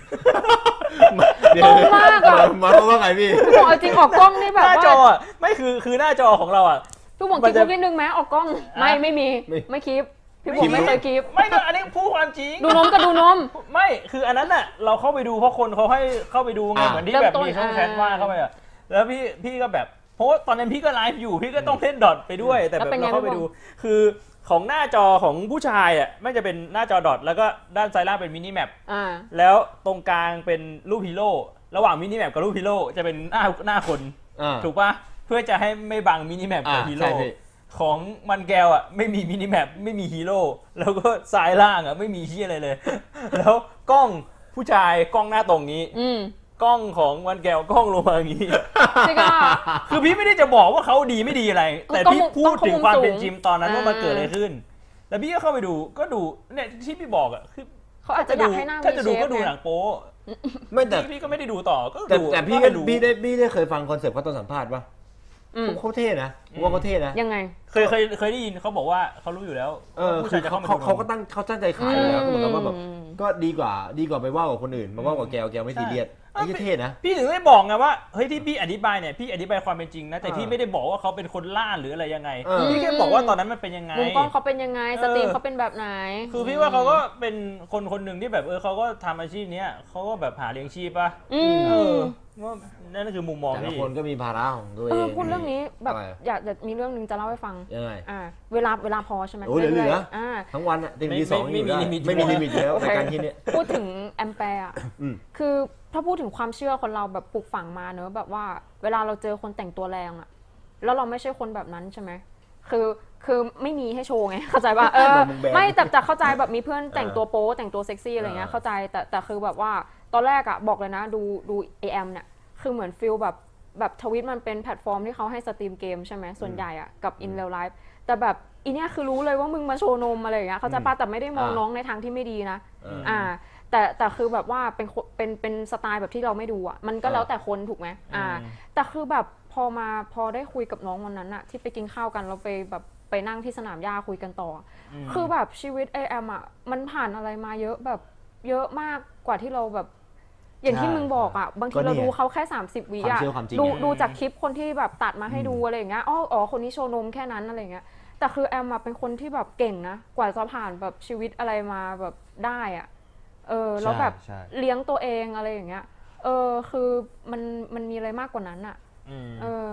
[SPEAKER 3] ตรงมากอะ
[SPEAKER 4] มาว่าไงพี่
[SPEAKER 3] พี่บงเอาจริงออกกล้องนี่แบ
[SPEAKER 2] ห
[SPEAKER 3] บ
[SPEAKER 2] น้าจอ
[SPEAKER 3] ว่า
[SPEAKER 2] อะไม่คือคือหน้าจอของเราอ่ะ
[SPEAKER 3] พี่บง
[SPEAKER 2] มั
[SPEAKER 3] คิ
[SPEAKER 2] น
[SPEAKER 3] ด
[SPEAKER 2] จะ
[SPEAKER 3] คลิปนิดนึงไหมออกกล้องไม่ไม่มี
[SPEAKER 4] ไม่
[SPEAKER 3] ไม่คลิปพี่บงไม่เคยคลิป
[SPEAKER 2] ไม่ก็อันนี้พูดความจริง
[SPEAKER 3] ดูนมก็ดูนม
[SPEAKER 2] ไม่คืออันนั้นน่ะเราเข้าไปดูเพราะคนเขาให้เข้าไปดูไง
[SPEAKER 4] อ่า
[SPEAKER 2] เหมือนที่
[SPEAKER 3] เริ่ม
[SPEAKER 2] แบบ
[SPEAKER 3] ต้น
[SPEAKER 2] มีช่อง
[SPEAKER 3] อ่า
[SPEAKER 2] แชทว่าเข้าไปอ่ะแล้วพี่พี่ก็แบบเพราะว่าตอนนั้นพี่ก็ไลฟ์อยู่พี่ก็ต้องเล่นดอทไปด้วย แต่แบบเราเข้าไปดู คือของหน้าจอของผู้ชายอ่ะไม่จะเป็นหน้าจอดอทแล้วก็ด้านซ้ายล่างเป็นมินิแมป
[SPEAKER 3] อ่า
[SPEAKER 2] แล้วตรงกลางเป็นรูปฮีโร่ ระหว่างมินิแมปกับรูปฮีโร่จะเป็นหน้าหน้าคน
[SPEAKER 1] อ่า
[SPEAKER 2] ถูกป่ะเพื่อจะให้ไม่บังมินิแมปกับ
[SPEAKER 1] อ่า
[SPEAKER 2] ฮี
[SPEAKER 1] ใช่
[SPEAKER 2] โร่
[SPEAKER 1] พี่
[SPEAKER 2] ของมันแก้วอ่ะไม่มีมินิแมปไม่มีฮีโร่แล้วก็ซ้ายล่างอ่ะไม่มีที่อะไรเลย แล้วกล้องผู้ชายกล้องหน้าตรงนี้
[SPEAKER 3] อืม
[SPEAKER 2] กล้องของวันแก้วกล้องลงมาอย่างนี้
[SPEAKER 3] พี่ก็
[SPEAKER 2] คือพี่ไม่ได้จะบอกว่าเขาดีไม่ดีอะไร แต่พี่พูดถึงความเป็นจริงตอนนั้นว่ามันเกิดอะไรขึ้น แล้วพี่ก็เข้าไปดูก็ดูเนี่ยที่พี่บอกอ่ะคือ
[SPEAKER 3] เขาอาจจะอยากให้หน้ามี
[SPEAKER 2] ถ้าจะดู
[SPEAKER 3] เชฟ
[SPEAKER 2] ก็ดู
[SPEAKER 3] ไง
[SPEAKER 2] หนังโป๊
[SPEAKER 1] ไม่แต่
[SPEAKER 2] พี่ก็ไม่ได้ดูต่อก็
[SPEAKER 1] แต่
[SPEAKER 2] ดู
[SPEAKER 1] แต่พี่ก็
[SPEAKER 2] ดู
[SPEAKER 1] พี่ได้พี่ได้เคยฟังคอนเซปต์เขาตอนสัมภาษณ์ป่ะ
[SPEAKER 3] อืม
[SPEAKER 1] โคตรเท่นะผมว่าเขาเท่นะ
[SPEAKER 3] ยังไง
[SPEAKER 2] เคยเคยเคยได้ยินเขาบอกว่าเขารู้อยู่แล้ว
[SPEAKER 1] เออ
[SPEAKER 2] ผู้
[SPEAKER 1] คือ
[SPEAKER 2] ชา
[SPEAKER 1] ย
[SPEAKER 2] จะ
[SPEAKER 1] เขา
[SPEAKER 2] เข้ามา
[SPEAKER 1] เขา
[SPEAKER 2] ดู
[SPEAKER 1] เขาก็ตั้งเขาตั้งใจขายอยู่แล้ว
[SPEAKER 3] อืม
[SPEAKER 1] คือเหมือนกับว่าแบบก็ดีกว่าดีกว่าไปว่ากับคนอื่นมาว่ากับแกวแกวไม่ซีเรียสไอ้เหี้ยเท่นะ
[SPEAKER 2] พี่ถึงได้บอกไงว่าเฮ้ยที่พี่อธิบายเนี่ยพี่อธิบายความเป็นจริงนะแต่
[SPEAKER 1] เออ
[SPEAKER 2] พี่ไม่ได้บอกว่าเขาเป็นคนล่าหรืออะไรยังไง
[SPEAKER 1] เออ
[SPEAKER 2] พี่แค่บอกว่าตอนนั้นมันเป็นยังไง
[SPEAKER 3] มุมกล้องเขาเป็นยังไง สตรีม
[SPEAKER 2] เออ
[SPEAKER 3] เขาเป็นแบบไหน
[SPEAKER 2] คือพี่ว่าเขาก็เป็นคนคนหนึ่งที่แบบเออเขาก็ทำอาชีพเนี้ยเขาก็แบบหาเลี้ยงชีพป่ะ
[SPEAKER 3] อื
[SPEAKER 2] เออ
[SPEAKER 3] ม
[SPEAKER 2] ว่านั่นคือมุมมอง
[SPEAKER 1] แต่ละ
[SPEAKER 2] พี่
[SPEAKER 1] คนก็มีภาระของตัวเอ
[SPEAKER 3] เออง พูดเรื่องนี้แบบ
[SPEAKER 1] อะไร
[SPEAKER 3] อยากจะมีเรื่องหนึงจะเล่าให้ฟัง
[SPEAKER 1] ยังไง
[SPEAKER 3] อ่า เวลาเวลาพอใช่ไหม
[SPEAKER 1] โอ้ยเหลือ
[SPEAKER 3] รื่ย
[SPEAKER 1] เหลือ
[SPEAKER 3] ๆอ่า
[SPEAKER 1] ทั้งวันอะตีสองอยู่ได้ไม่มีลิมิตอยู่แล้วรายการที่เนี้ย
[SPEAKER 3] พูดถึงแอมแปร์อะ
[SPEAKER 1] อืม
[SPEAKER 3] คือถ้าพูดถึงความเชื่อคนเราแบบปลูกฝังมาเนอะแบบว่าเวลาเราเจอคนแต่งตัวแรงอะแล้วเราไม่ใช่คนแบบนั้นใช่ไหมคือคือไม่มีให้โชว์ไง เข้าใจป่ะเออ ไม่แต่แต่เข้าใจ แบบมีเพื่อนแต่งตัวโป๊แต่งตัวเซ็กซี่อะไรเงี้ย
[SPEAKER 1] เออ
[SPEAKER 3] เข้าใจแต่แต่คือแบบว่าตอนแรกอะบอกเลยนะดูดูเอมเนี่ยคือเหมือนฟิลแบบแบบทวิตมันเป็นแพลตฟอร์มที่เขาให้สตรีมเกมใช่ไหมส่วนใหญ่อะกับอินเ a ลไลฟ์แต่แบบอีเนี่ยคือรู้เลยว่ามึงมาโชว์นมอะไรอย่างเงี้ยเขาใจปะแต่ไม่ได้มองน้องในทางที่ไม่ดีนะ
[SPEAKER 1] เออ
[SPEAKER 3] อ่าแต่แต่คือแบบว่าเป็นคนเป็นเป็นสไตล์แบบที่เราไม่ดูอ่ะมันก็
[SPEAKER 1] อ่า
[SPEAKER 3] แล้วแต่คนถูกไหมอ่า แต่คือแบบพอมาพอได้คุยกับน้องวันนั้นอะที่ไปกินข้าวกันเราไปแบบไปนั่งที่สนามหญ้าคุยกันต่ออคือแบบชีวิตไอแอมอะมันผ่านอะไรมาเยอะแบบเยอะมากกว่าที่เราแบบ อย่างที่มึงบอกอะบางทีเราดูเขาแค่ 30วิ
[SPEAKER 1] ความ
[SPEAKER 3] อะ
[SPEAKER 1] เชื่อความจริง
[SPEAKER 3] ดู
[SPEAKER 1] ไง
[SPEAKER 3] ดูจากคลิปคนที่แบบตัดมาให้ดูอะไรอย่างเงี้ยอ๋ออ๋อคนนี้โชว์นมแค่นั้นอะไรอย่างเงี้ย แต่คือแอมอะเป็นคนที่แบบเก่งนะกว่าจะผ่านแบบชีวิตอะไรมาแบบได้อะเออแล้วแบบ
[SPEAKER 4] ใช่ใช่
[SPEAKER 3] เลี้ยงตัวเองอะไรอย่างเงี้ย เออคือมันมันมีอะไรมากกว่านั้นอะ
[SPEAKER 2] อืม
[SPEAKER 3] เออ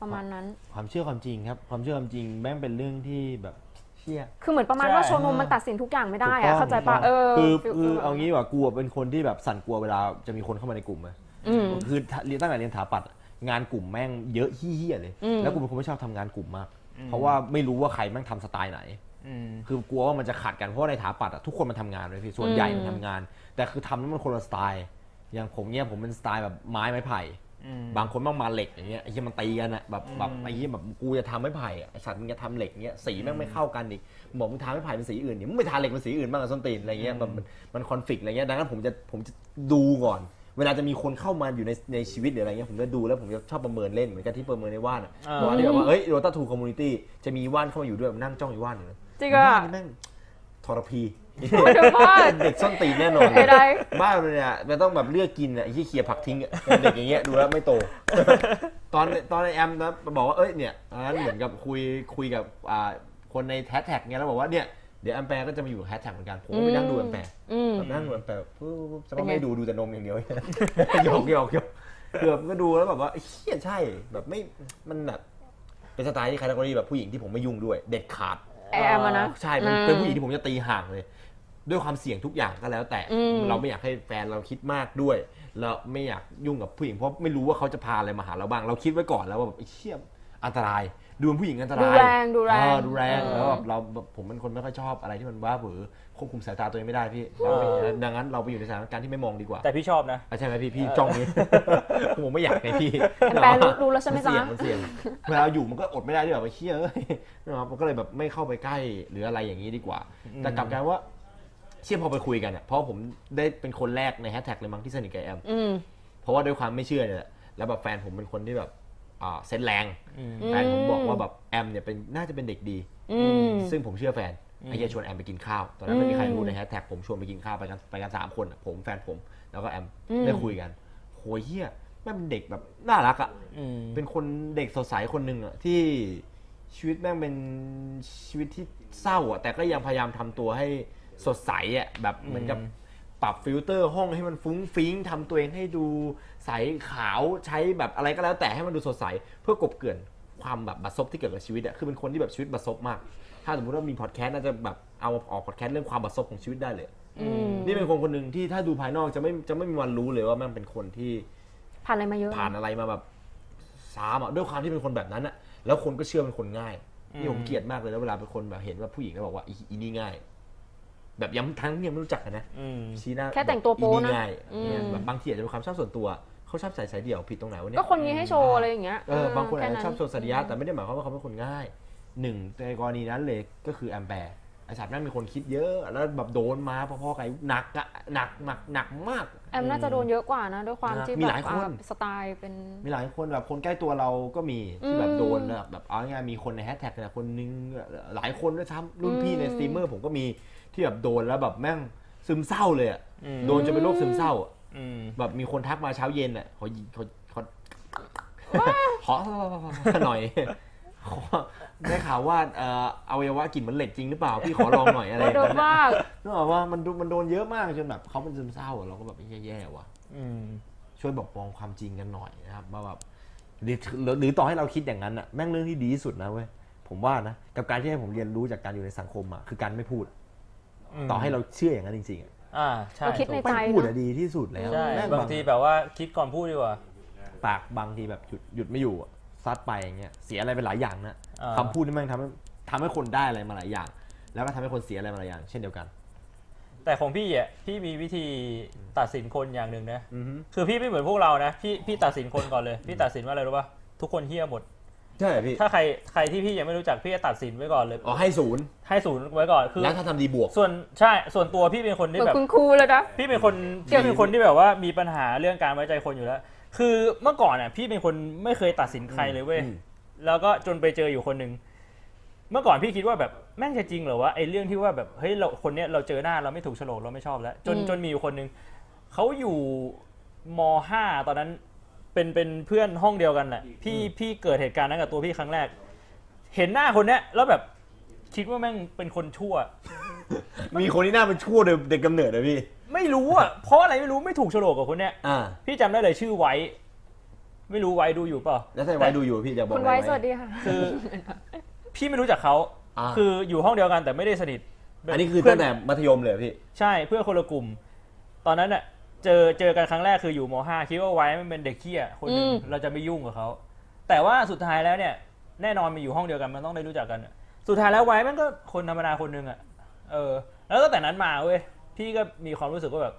[SPEAKER 3] ประมาณนั้น
[SPEAKER 1] ความเชื่อความจริงครับ ความเชื่อความจริงแม่งเป็นเรื่องที่แบบเชี่ย
[SPEAKER 3] คือเหมือนประมาณ
[SPEAKER 2] ใช่
[SPEAKER 3] ว่าโชว์นมมันตัดสินทุกอย่างไม่ได้
[SPEAKER 1] ถูกต้
[SPEAKER 3] อะ
[SPEAKER 1] อง
[SPEAKER 3] เข้าใจปะ
[SPEAKER 1] ถูกต้ง
[SPEAKER 3] เออ
[SPEAKER 1] คือ
[SPEAKER 3] ฟิล
[SPEAKER 1] คือเอางี้ดีกว่ากลัวเป็นคนที่แบบสั่นกลัวเวลาจะมีคนเข้ามาในกลุ่มอะ
[SPEAKER 3] อืม
[SPEAKER 1] คือเรียนตั้งแต่เรียนสถาปัตย์อะงานกลุ่มแม่งเยอะเฮี้ยๆเลย
[SPEAKER 3] อืม
[SPEAKER 1] แล้วกูเป็นคนไม่ชอบทำงานกลุ่มมาก เพราะว่าไม่รู้ว่าใครแม่งทำสไตล์ไหน
[SPEAKER 2] อืม
[SPEAKER 1] คือกลัวว่ามันจะขัดกันเพราะว่าในถาปัดอะทุกคนมันทำงานเลยพี่ส่วนใหญ่มันทำงาน แต่คือทำแล้วมันคนละสไตล์ อย่างผมเนี่ยผมเป็นสไตล์แบบไม้ไม้ไผ่ บางคนบ้างมาเหล็กอย่างเงี้ยไอ้ที่มันตีกันอะแบบแบบไอ้ที่แบบกูจะทำไม้ไผ่อะไอ้สัตว์มึงจะทำเหล็กเงี้ยสีแม่งไม่เข้ากันอีกบอกมึงทำไม้ไผ่เป็นสีอื่นเนี่ยมึงไปทาเหล็กเป็นสีอื่นบ้างอะส้นตีนอะไรเงี้ยแบบมันมันคอนฟ lict อะไรเงี้ยดังนั้นผมจะผมจะดูก่อน เวลาจะมีคนเข้ามาอยู่ในในชีวิตหรืออะไรเงี้ยผมจะดูแล้วผมจะชอบประเมินเล่นเหมือนกันที่ประเมินในว่านอะ
[SPEAKER 2] อ่า
[SPEAKER 1] บอกว่าเนี่ยว่าเอ้ยโรตาทูคอมมูนิตี้จะมีว่านเข้ามาอยู่ด้วยผมนั่งจ้องอยู่ว่านอยู่นะ
[SPEAKER 3] จริงอะ
[SPEAKER 1] บ้านนี่แม่งทรพี
[SPEAKER 3] โอ้ยเดี๋ยวก่อน
[SPEAKER 1] เด็กส้นตีนแน่นอน
[SPEAKER 3] ไอ้ไร
[SPEAKER 1] บ้านมันเนี่ยมันต้องแบบเลือกกินอ่ะไอ้ที่เคลียร์ผักทิ้งอ่ะเด็กอย่างเงี้ยดูแล้วไม่โต ตอนตอนไอแอมนะบอกว่าเอ้ยเนี่ยตอนนั้นเหมือนกับคุยคุยกับอ่าคนในแฮชแท็กเงี้ยแล้วบอกว่าเนี่ยเดี๋ยวแอมแปร์ก็จะมาอยู่แฮชแท็กเหมือนกันผมก็ไปนั่งดูแอมแปร์
[SPEAKER 3] อืม
[SPEAKER 1] แบบนั่งดูแอมแปร์แบบปุ๊บจะ
[SPEAKER 3] เป็นไง
[SPEAKER 1] ไม่ดูดูแต่นมอย่างเดียว หยอกหยอกหยอกเกือบก็ดูแล้วแบบว่าเฮียใช่แบบไม่มันแบบเป็นสไตล์ที่ใครตะกรีแบบผู้หญิงที่ผมไม่ยุ่งด้วย เด็ดขาด
[SPEAKER 3] ไอแอมอะนะ
[SPEAKER 1] ใช่ มันเป็นผู้หญิงที่ผมจะตีห่างเลย ด้วยความเสี่ยงทุกอย่างก็แล้วแต่
[SPEAKER 3] อืม
[SPEAKER 1] เราไม่อยากให้แฟนเราคิดมากด้วย เราไม่อยากยุ่งกับผู้หญิงเพราะไม่รู้ว่าเขาจะพาอะไรมาหาเราบ้าง เราคิดไว้ก่อนแล้วว่าแบบไอ้เชี่ยอันตราย ดูเป็นผู้หญิงอันต
[SPEAKER 3] ดู
[SPEAKER 1] ราย
[SPEAKER 3] แรงดูแรง
[SPEAKER 1] เออดูแรง
[SPEAKER 3] เออ
[SPEAKER 1] แล้วแบบเราแบบผมเป็นคนไม่ค่อยชอบอะไรที่มันบ้าหวือควบคุมสายตาตัวเองไม่ได้พี่เราเป็นอย่างนั้นดังนั้นเราไปอยู่ในสถานการณ์ที่ไม่มองดีกว่า
[SPEAKER 2] แต่พี่ชอบนะ
[SPEAKER 1] อ่ะใช่ไหมพี่พี่จ้อง นี้ ผมไม่อยากไงพี่
[SPEAKER 3] แอมแปร์รู้รู้แล้วใช่ไหมจ๊ะ
[SPEAKER 1] นเสี่ยงมันเสี่ยง เวลาอยู่มันก็อดไม่ได้ที่แบบว่าเชี่ยเอ้ ยนะครับมันก็เลยแบบไม่เข้าไปใกล้หรืออะไรอย่างนี้ดีกว่า แต่กลับกลายว่าเชี่ยพอไปคุยกันอ่ะเพราะผมได้เป็นคนแรกในแฮชแท็กเลยมั้งที่สนิทกับแอม
[SPEAKER 3] อืม
[SPEAKER 1] เพราะว่าด้วยความไม่เชื่อเนี่ยแหละแล้วแบบแฟนผมเป็นคนที่แบบอ่าเซนแรง
[SPEAKER 2] อืม
[SPEAKER 1] แฟนผมบอกว่าแบบแอมเนี่ยเป็นน่าจะเป็นเด็กดี
[SPEAKER 3] อืม
[SPEAKER 1] ซึ่งผมเชื่อแฟนไอ้เหี้ยชวนแอมไปกินข้าว ตอนนั้นไม่มีใครรู้ในแฮชแท็กผมชวนไปกินข้าวไปกันไปกันสามคนอะผมแฟนผมแล้วก็แอมได้คุยกันโหยเฮียแม่งเป็นเด็กแบบน่ารักอ่ะ
[SPEAKER 2] อืม
[SPEAKER 1] เป็นคนเด็กสดใสคนหนึ่งอะที่ชีวิตแม่งเป็นชีวิตที่เศร้าอะแต่ก็ยังพยายามทำตัวให้สดใสอะแบบเหมือนกับปรับฟิลเตอร์ห้องให้มันฟุ้งฟิ้งทำตัวเองให้ดูใสขาวใช้แบบอะไรก็แล้วแต่ให้มันดูสดใส เพื่อกลบเกลื่อนความแบบบัดซบที่เกิดกับชีวิตอะคือเป็นคนที่แบบชีวิตบัดซบมาก ถ้าสมมติว่ามีพอดแคสต์น่าจะแบบเอาออกพอดแคสต์เรื่องความบัดซบของชีวิตได้เลย
[SPEAKER 3] อืม
[SPEAKER 1] นี่เป็นคนคนหนึ่งที่ถ้าดูภายนอกจะไม่จะไม่มีวันรู้เลยว่าแม่งเป็นคนที่
[SPEAKER 3] ผ่านอะไรมาเยอะ
[SPEAKER 1] ผ่านอะไรมาแบบสามอ่ะด้วยความที่เป็นคนแบบนั้นอ่ะ แล้วคนก็เชื่อเป็นคนง่ายนี่ผมเกลียดมากเลยแล้วเวลาเป็นคนแบบเห็นว่าผู้หญิงแล้วบอกว่าอีอีนี่ง่าย แบบยังทั้งยังไม่รู้จักกันนะ
[SPEAKER 2] อืม
[SPEAKER 1] ชี้หน้า
[SPEAKER 3] แค่แต่งตัวโป๊นะ
[SPEAKER 1] อีง่ายเนี่ยแบบบางทีอาจจะเป็นความชอบส่วนตัวเขาชอบใส่สายเดี่ยวผิดตรงไหนวะเนี่ย
[SPEAKER 3] ก็คนนี้ให้โชว์อะไรอย่างเงี้ย
[SPEAKER 1] เออบางคนอาจ
[SPEAKER 3] แ
[SPEAKER 1] จะชอบโซสัญญาแต่ไม่ได้หมายความว่าเขาเป็นคนง่ายหนึ่งในกรณีนั้นเลยก็คือแอมแบร์ไอ้สัตว์นั่นมีคนคิดเยอะแล้วแบบโดนมาพอๆกับไอ้หนักอะหนักหนักหนักมาก
[SPEAKER 3] แอมน่าจะโดนเยอะกว่านะด้วยความ
[SPEAKER 1] นะ
[SPEAKER 3] ที่
[SPEAKER 1] มี
[SPEAKER 3] แบ
[SPEAKER 1] หลา
[SPEAKER 3] บ
[SPEAKER 1] ยคน
[SPEAKER 3] อ่ะสไตล์เป็น
[SPEAKER 1] มีหลายคนแบบคนใกล้ตัวเราก็มีที่แบบ
[SPEAKER 3] อืม
[SPEAKER 1] โดนแบบแบบเอาง่ายๆมีคนในแฮชแท็กเนี่ยคนนึงหลายคนด้วยซ้ำรุ่นพี่ใน
[SPEAKER 3] อืม
[SPEAKER 1] สตรีมเมอร์ผมก็มีที่แบบโดนแล้วแบบแม่งซึมเศร้าเลยอะ
[SPEAKER 2] อืม
[SPEAKER 1] โดนจนเป็นโรคซึมเศร้าอะ
[SPEAKER 2] อืม
[SPEAKER 1] แบบมีคนทักมาเช้าเย็นอะขอขอขอขอหน่อย ขอได้ข่าวว่าเอ่ออวัยวะกลิ่นเหมันเหล็กจริงหรือเปล่า พี่ขอลองหน่อยอะไร
[SPEAKER 3] โดนมาก
[SPEAKER 1] นึกออกว่ามันโดนมันโดนเยอะมากจนแบบเขาเป็นซึมเศร้าอะเราก็แบบแย่ๆว่ะ
[SPEAKER 2] อืม
[SPEAKER 1] ช่วยบอกมองความจริงกันหน่อยนะครับว่าแบบหรือหรือหรือต่อให้เราคิดอย่างนั้นอะแม่งเรื่องที่ดีที่สุดนะเว้ยผมว่านะกับการที่ให้ผมเรียนรู้จากการอยู่ในสังคมอะคือการไม่พูด ต่อให้เราเชื่ออย่างนั้นจริงๆอะ
[SPEAKER 2] อ่าใช่
[SPEAKER 3] เราคิดในใจ
[SPEAKER 1] ไม่พูดอะ
[SPEAKER 3] เนาะ
[SPEAKER 1] ดีที่สุดแล้ว
[SPEAKER 2] ใช่
[SPEAKER 1] แม่
[SPEAKER 2] บางทีแบบว่าคิดก่อนพูดดีกว่า
[SPEAKER 1] ปากบางทีแบบหยุดหยุดไม่อยู่อะซัดไปอย่างเงี้ยเสียอะไรไปหลายอย่างนะ
[SPEAKER 2] อ่า
[SPEAKER 1] คำพูดนี่แม่งทำให้ทำให้คนได้อะไรมาหลายอย่าง แล้วก็ทำให้คนเสียอะไรมาหลายอย่าง เช่นเดียวกัน
[SPEAKER 2] แต่ของพี่อ่ะพี่มีวิธีตัดสินคนอย่างหนึ่งนะ
[SPEAKER 1] อือฮึ
[SPEAKER 2] คือพี่ไม่เหมือนพวกเรานะ พี่พี่ตัดสินคนก่อนเลย พี่ตัดสินว่าอะไรรู้ป่ะทุกคนเฮี้ยหมด
[SPEAKER 1] ใช่พี่
[SPEAKER 2] ถ้าใครใครที่พี่ยังไม่รู้จักพี่จะตัดสินไว้ก่อนเลย
[SPEAKER 1] อ๋อให้ศูนย์
[SPEAKER 2] ให้ศูนย์ไว้ก่อนคือ
[SPEAKER 1] แล้วถ้าทำดีบวก
[SPEAKER 2] ส่วนใช่ ส่วนตัวพี่เป็นคน
[SPEAKER 3] เห
[SPEAKER 2] ที่
[SPEAKER 3] มือน
[SPEAKER 2] แบบ
[SPEAKER 3] คุณครูเลยนะ
[SPEAKER 2] พี่เป็นคนพี่เป็นคนที่แบบว่ามีปัญหาเรื่องการไว้ใจคนอยู่แล้ว คือเมื่อก่อนอ่ะพี่เป็นคนไม่เคยตัดสินใครเลยเว้ย
[SPEAKER 1] อืม
[SPEAKER 2] แล้วก็จนไปเจออยู่คนหนึ่ง เมื่อก่อนพี่คิดว่าแบบแม่งจะจริงเหรอวะไอ้เรื่องที่ว่าแบบเฮ้ยเราคนเนี้ยเราเจอหน้าเราไม่ถูกโฉลกเราไม่ชอบแล้ว จน
[SPEAKER 3] อืม
[SPEAKER 2] จนมีอยู่คนหนึ่งเขาอยู่มห้าตอนนั้นเป็นเป็นเพื่อนห้องเดียวกันแหละพี่พี่เกิดเหตุการณ์นั้นกับตัวพี่ครั้งแรก เห็นหน้าคนเนี้ยแล้วแบบคิดว่าแม่งเป็นคนชั่ว
[SPEAKER 1] มีคนที่หน้าเป็นชั่วเดิมเด็กกำเนิดเลยพี่
[SPEAKER 2] ไม่รู้อ่ะเพราะอะไรไม่รู้ไม่ถูกโฉลกกับคนเนี้ย
[SPEAKER 1] อ่า
[SPEAKER 2] พี่จำได้เลยชื่อไว้ ไม่รู้ไว้ดูอยู่เปล่า
[SPEAKER 1] แล้วถ้าไว้ดูอยู่พี่จะบอก
[SPEAKER 3] คุณ
[SPEAKER 1] อะร
[SPEAKER 3] ไว้
[SPEAKER 1] หม
[SPEAKER 3] สวัสดีค่ะ
[SPEAKER 2] คือ พี่ไม่รู้จักเขา
[SPEAKER 1] อ่า
[SPEAKER 2] คืออยู่ห้องเดียวกันแต่ไม่ได้สนิท
[SPEAKER 1] อันนี้คือ
[SPEAKER 2] เพื่
[SPEAKER 1] ตั้งแต่มัธยมเลยเหรอพี่
[SPEAKER 2] ใช่เพื่อนคนละกลุ่ม ตอนนั้นน่ะเจอเจอกันครั้งแรกคืออยู่มห้าคิดว่าไว้มันเป็นเด็กเขี้ยคนหนึ่ง
[SPEAKER 3] อืม
[SPEAKER 2] เราจะไม่ยุ่งกับเขาแต่ว่าสุดท้ายแล้วเนี่ย แน่นอนมาอยู่ห้องเดียวกันมันต้องได้รู้จักกันน่ะสุดท้ายแล้วไว้มันก็คนธรรมดาคนหนึ่งอ่ะเออ แล้วตั้งแต่นั้นมาเว้ยพี่ก็มีความรู้สึกว่าแบบ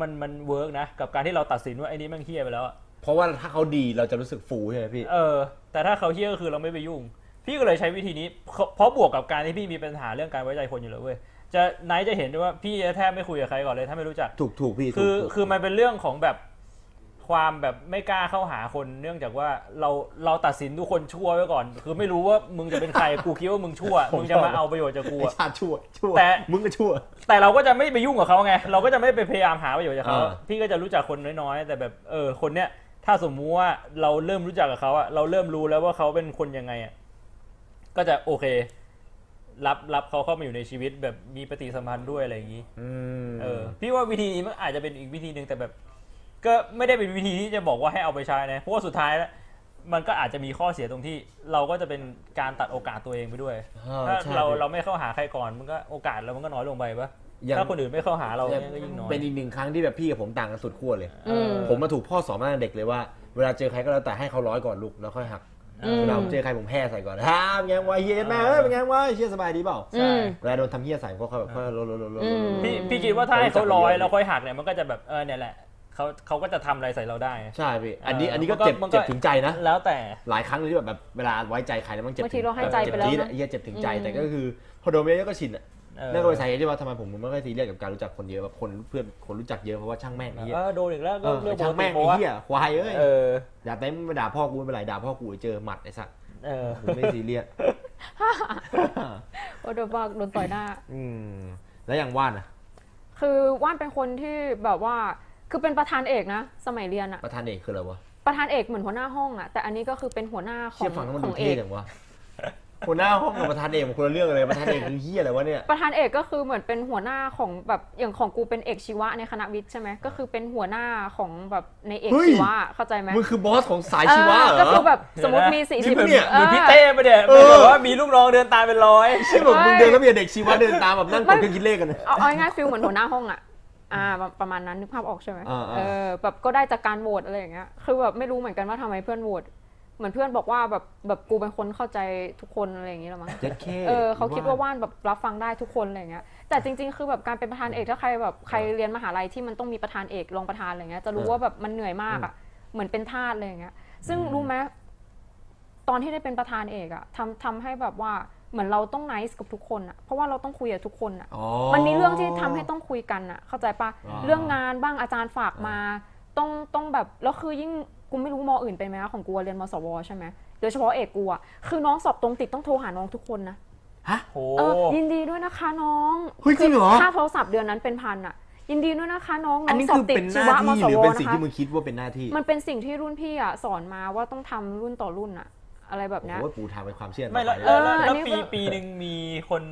[SPEAKER 2] มันมันเวิร์กนะกับการที่เราตัดสินว่าไอ้นี่แมันเขี้ยไปแล้วอะ
[SPEAKER 1] เพราะว่าถ้าเขาดีเราจะรู้สึกฟูใช่ไหมพี่
[SPEAKER 2] เออแต่ถ้าเขาเฮี้ยก็คือเราไม่ไปยุ่ง พี่ก็เลยใช้วิธีนี้เพราะเพราะบวกกับการที่พี่มีปัญหาเรื่องการไว้ใจคนอยู่แล้วเว้ยจะไนท์จะเห็นได้ว่าพี่แทบไม่คุยกับใครก่อนเลยถ้าไม่รู้จัก
[SPEAKER 1] ถูกถูกพี่
[SPEAKER 2] คือ
[SPEAKER 1] ถูกถูก
[SPEAKER 2] คือมันเป็นเรื่องของแบบความแบบไม่กล้าเข้าหาคนเนื่องจากว่าเราเราตัดสินทุกคนชั่วไว้ก่อน คือไม่รู้ว่ามึงจะเป็นใคร กูคิดว่ามึงชั่วมึงจะมาเอาประโยชน์จากกู
[SPEAKER 1] ไอ้
[SPEAKER 2] อะ
[SPEAKER 1] ชาติชั่วชั่ว
[SPEAKER 2] แต่
[SPEAKER 1] มึงก็ชั่ว
[SPEAKER 2] แต่เราก็จะไม่ไปยุ่งกับเขาไง เราก็จะไม่ไปพยายามหาประโยชน์จากเขา
[SPEAKER 1] อ่า
[SPEAKER 2] พี่ก็จะรู้จักคนน้อยๆ แต่แบบเออคนเนี้ยถ้าสมมุติว่าเราเริ่มรู้จักกับเขาอะเราเริ่มรู้แล้วว่าเขาเป็นคนยังไงอะก็จะโอเค รับรับเขาเข้ามาอยู่ในชีวิต แบบมีปฏิสัมพันธ์ด้วยอะไรอย่างนี้ เออพี่ว่าวิธีนี้มันอาจจะเป็นอีกวิธีหนึ่งแต่แบบ ก็ไม่ได้เป็นวิธีที่จะบอกว่าให้เอาไปใช้นะเพราะว่าสุดท้ายแล้วมันก็อาจจะมีข้อเสียตรงที่ เราก็จะเป็นการตัดโอกาสตัวเองไปด้วย ถ้าเราเราไม่เข้าหาใครก่อนมันก็โอกาสเรามันก็น้อยลงไปปะ
[SPEAKER 1] อย่าง
[SPEAKER 2] ถ้าคนอื่นไม่เข้าหาเราเนี่ยก็ยิ่งน้อย
[SPEAKER 1] เป็นอีกหนึ่งครั้งที่แบบพี่กับผมต่างกันสุดขั้วเลย
[SPEAKER 2] เออ
[SPEAKER 1] ผมมาถูกพ่อสอนมาตั้งแต่เด็กเลยว่าเวลาเจอใครก็แล้วแต่ให้เขาร้อยก่อนลูกแล้วค่อยหัก
[SPEAKER 3] อืม
[SPEAKER 1] เวลาผมเจอใครผมแห่ใส่ก่อนฮ่าเป็นไงวะเฮียแม่เอ้ยเป็นไงวะเฮียสบายดีเปล่า
[SPEAKER 3] อื
[SPEAKER 2] ใช่
[SPEAKER 3] ม
[SPEAKER 1] เวลาโดนทำเฮียใส่ก็ค่อยแบบค่อยลดลดลดลดลด
[SPEAKER 3] อืม
[SPEAKER 1] ลด
[SPEAKER 2] พี่พี่คิดว่าถ้าให้เขาลอย
[SPEAKER 1] ผมจะ
[SPEAKER 2] แล้วค่อยหักเนี่ยมันก็จะแบบเออเนี่ยแหละเขาเขาก็จะทำอะไรใส่เราได้
[SPEAKER 1] ใช่พี่อันนี้
[SPEAKER 2] เออ
[SPEAKER 1] อันนี้ก็
[SPEAKER 2] มันก็
[SPEAKER 1] เจ็บ
[SPEAKER 2] มันก็
[SPEAKER 1] เจ็บถึงใจนะ
[SPEAKER 2] แล้วแต่
[SPEAKER 1] หลายครั้งเลยที่แบบแบบเวลาไว้ใจใครแล้วมันเจ็บบ
[SPEAKER 3] างทีเราให้ใจไปแล้ว
[SPEAKER 1] เจ็บจี๊ด
[SPEAKER 3] นะ
[SPEAKER 1] อะเฮียเจ็บถึงใจ
[SPEAKER 3] อืม
[SPEAKER 1] แต่ก็คือพอโดนไปเยอะก็ชินอะ
[SPEAKER 2] เออ
[SPEAKER 1] นั่นก็เป็นสาเหตุที่ว่าทำไมผมไม่ค่อยซีเรียสกับการรู้จักคนเยอะแบบคนเพื่อนคนรู้จักเยอะเพราะว่าช่างแม่งไอ้เหี้ย
[SPEAKER 2] เออโดนอีกแล้ว
[SPEAKER 1] เอ
[SPEAKER 2] ก็
[SPEAKER 1] อ
[SPEAKER 2] เรื่องป
[SPEAKER 1] ช่าก ง
[SPEAKER 2] ติ
[SPEAKER 1] แม่ง
[SPEAKER 2] เพ
[SPEAKER 1] ไอ้
[SPEAKER 2] ราะว่า
[SPEAKER 1] เหี้ยควายเอ้ย
[SPEAKER 2] เออ
[SPEAKER 1] อย่าเต้นมาด่าพ่อกูไม่เป็นไรด่าพ่อกูเจอหมัดไอ้สัส
[SPEAKER 2] เออ
[SPEAKER 1] ผมไม่ซีเรียส
[SPEAKER 3] โอ้โดนบอกโดนต่อยหน้า
[SPEAKER 1] อืมแล้วอย่างว่านอะ
[SPEAKER 3] คือว่านเป็นคนที่แบบว่า คือเป็นประธานเอกนะ สมัยเรียนอะ
[SPEAKER 1] ประธานเอกคืออะไรวะ
[SPEAKER 3] ประธานเอกเหมือนหัวหน้าห้องอะแต่อันนี้ก็คือเป็นหัวหน้าขอ
[SPEAKER 1] เชี่ย
[SPEAKER 3] ง
[SPEAKER 1] ฟังแล้วมัน
[SPEAKER 3] ข
[SPEAKER 1] ดู
[SPEAKER 3] องเอ
[SPEAKER 1] เท่
[SPEAKER 3] ก
[SPEAKER 1] จังวะ หัวหน้าห้องกับประธานเอกมันคนละเรื่องเลยประธานเอกคือเฮียอะไรวะเนี่ย
[SPEAKER 3] ประธานเอกก็คือเหมือนเป็นหัวหน้าของแบบอย่างของกูเป็นเอกชีวะในคณะวิทย์ใช่ไหมก็คือเป็นหัวหน้าของแบบในเอก
[SPEAKER 1] เฮ้ย
[SPEAKER 3] ชีวะเข้าใจไหม
[SPEAKER 1] มึงคือบอสของสายชีวะเหร
[SPEAKER 3] เออก็
[SPEAKER 1] อ
[SPEAKER 3] คือแบบสมมติมีสี่
[SPEAKER 1] นี่
[SPEAKER 3] สิบ
[SPEAKER 1] มึงเนี่ย
[SPEAKER 2] เหมือนพี่เต้ไปะเนี่ย
[SPEAKER 1] เออ
[SPEAKER 2] เป็นแบบว่ามีลูกน้องเดินตามเป็นร้อย
[SPEAKER 1] ใช่แบบมึงเดินแล้วมีแต่เด็กชีวะเดินตามแบบนั่งกดเครื่องคิดเลขกันนะ
[SPEAKER 3] เอาเอาง่ายๆฟิลเหมือนหัวหน้าห้องอ่ะอ่าประประมาณนั้นนึกภาพออกใช่ไหม
[SPEAKER 1] อ่าๆ
[SPEAKER 3] เออแบบก็ได้จากการโหวตอะไรอย่างเงี้ยคือแบบไม่รู้เหมือนกันว่าทำไมเพื่อนโหวตเหมือนเพื่อนบอกว่าแบบแบบกูเป็นคนเข้าใจทุกคนอะไรอย่างงี้ละมั้ง
[SPEAKER 1] ยัดเข้
[SPEAKER 3] เออเขาคิดว่าว่านแบบรับฟังได้ทุกคนอะไรเงี้ยแต่จริง ๆ คือแบบการเป็นประธานเอกถ้าใครแบบใครเรียนมหาลัยที่มันต้องมีประธานเอกรองประธานอะไรเงี้ยจะรู้ว่าแบบมันเหนื่อยมากอ่ะเหมือนเป็นทาสเลยอย่างเงี้ย ซึ่งรู้ไหมตอนที่ได้เป็นประธานเอกอ่ะทำทำให้แบบว่าเหมือนเราต้องไนซ์กับทุกคนอ่ะเพราะว่าเราต้องคุยกับทุกคนอ่ะ
[SPEAKER 1] อ๋อ
[SPEAKER 3] มันมีเรื่องที่ทำให้ต้องคุยกันอ่ะ เข้าใจปะ
[SPEAKER 1] อ่า
[SPEAKER 3] เรื่องงานบ้างอาจารย์ฝากมา ต้องต้องแบบแล้วคือยิ่งกูไม่รู้มออื่นเป็นไหมนะของกูอะเรียนมสวใช่ไหมโดยเฉพาะเอกกูอ่ะคือน้องสอบตรงติดต้องโทรหาน้องทุกคนนะ
[SPEAKER 2] โอ้
[SPEAKER 3] เออยินดีด้วยนะคะน้อง
[SPEAKER 1] เฮ้ยจริงเหรอ
[SPEAKER 3] คืค่าโทรศัพท์เดือนนั้นเป็นพันอะยินดีด้วยนะคะน้องน้
[SPEAKER 1] อัน
[SPEAKER 3] อง
[SPEAKER 1] นี้
[SPEAKER 3] สอ
[SPEAKER 1] คื
[SPEAKER 3] บ
[SPEAKER 1] อ
[SPEAKER 3] ติด
[SPEAKER 1] เป็นห
[SPEAKER 3] ชี
[SPEAKER 1] น้าว
[SPEAKER 3] ะม
[SPEAKER 1] ที่
[SPEAKER 3] ส
[SPEAKER 1] หรือ
[SPEAKER 3] ว
[SPEAKER 1] เป็นสิ่ง
[SPEAKER 3] นะคะ
[SPEAKER 1] ที่มึงคิดว่าเป็นหน้าที่
[SPEAKER 3] มันเป็นสิ่งที่รุ่นพี่อะสอนมาว่าต้องทำรุ่นต่อรุ่นอะอะไรแบบ
[SPEAKER 1] โอ้
[SPEAKER 3] เนี้ย
[SPEAKER 1] โหปูทางเป็นความเชื่อ
[SPEAKER 2] ไม่แล้ว
[SPEAKER 1] ต่อป
[SPEAKER 2] แล้
[SPEAKER 1] เยว
[SPEAKER 2] แล้ว
[SPEAKER 3] เอออั
[SPEAKER 2] แล้ว
[SPEAKER 3] น
[SPEAKER 2] ปี
[SPEAKER 3] นี้ก็
[SPEAKER 2] ปีหนึ่งมีคน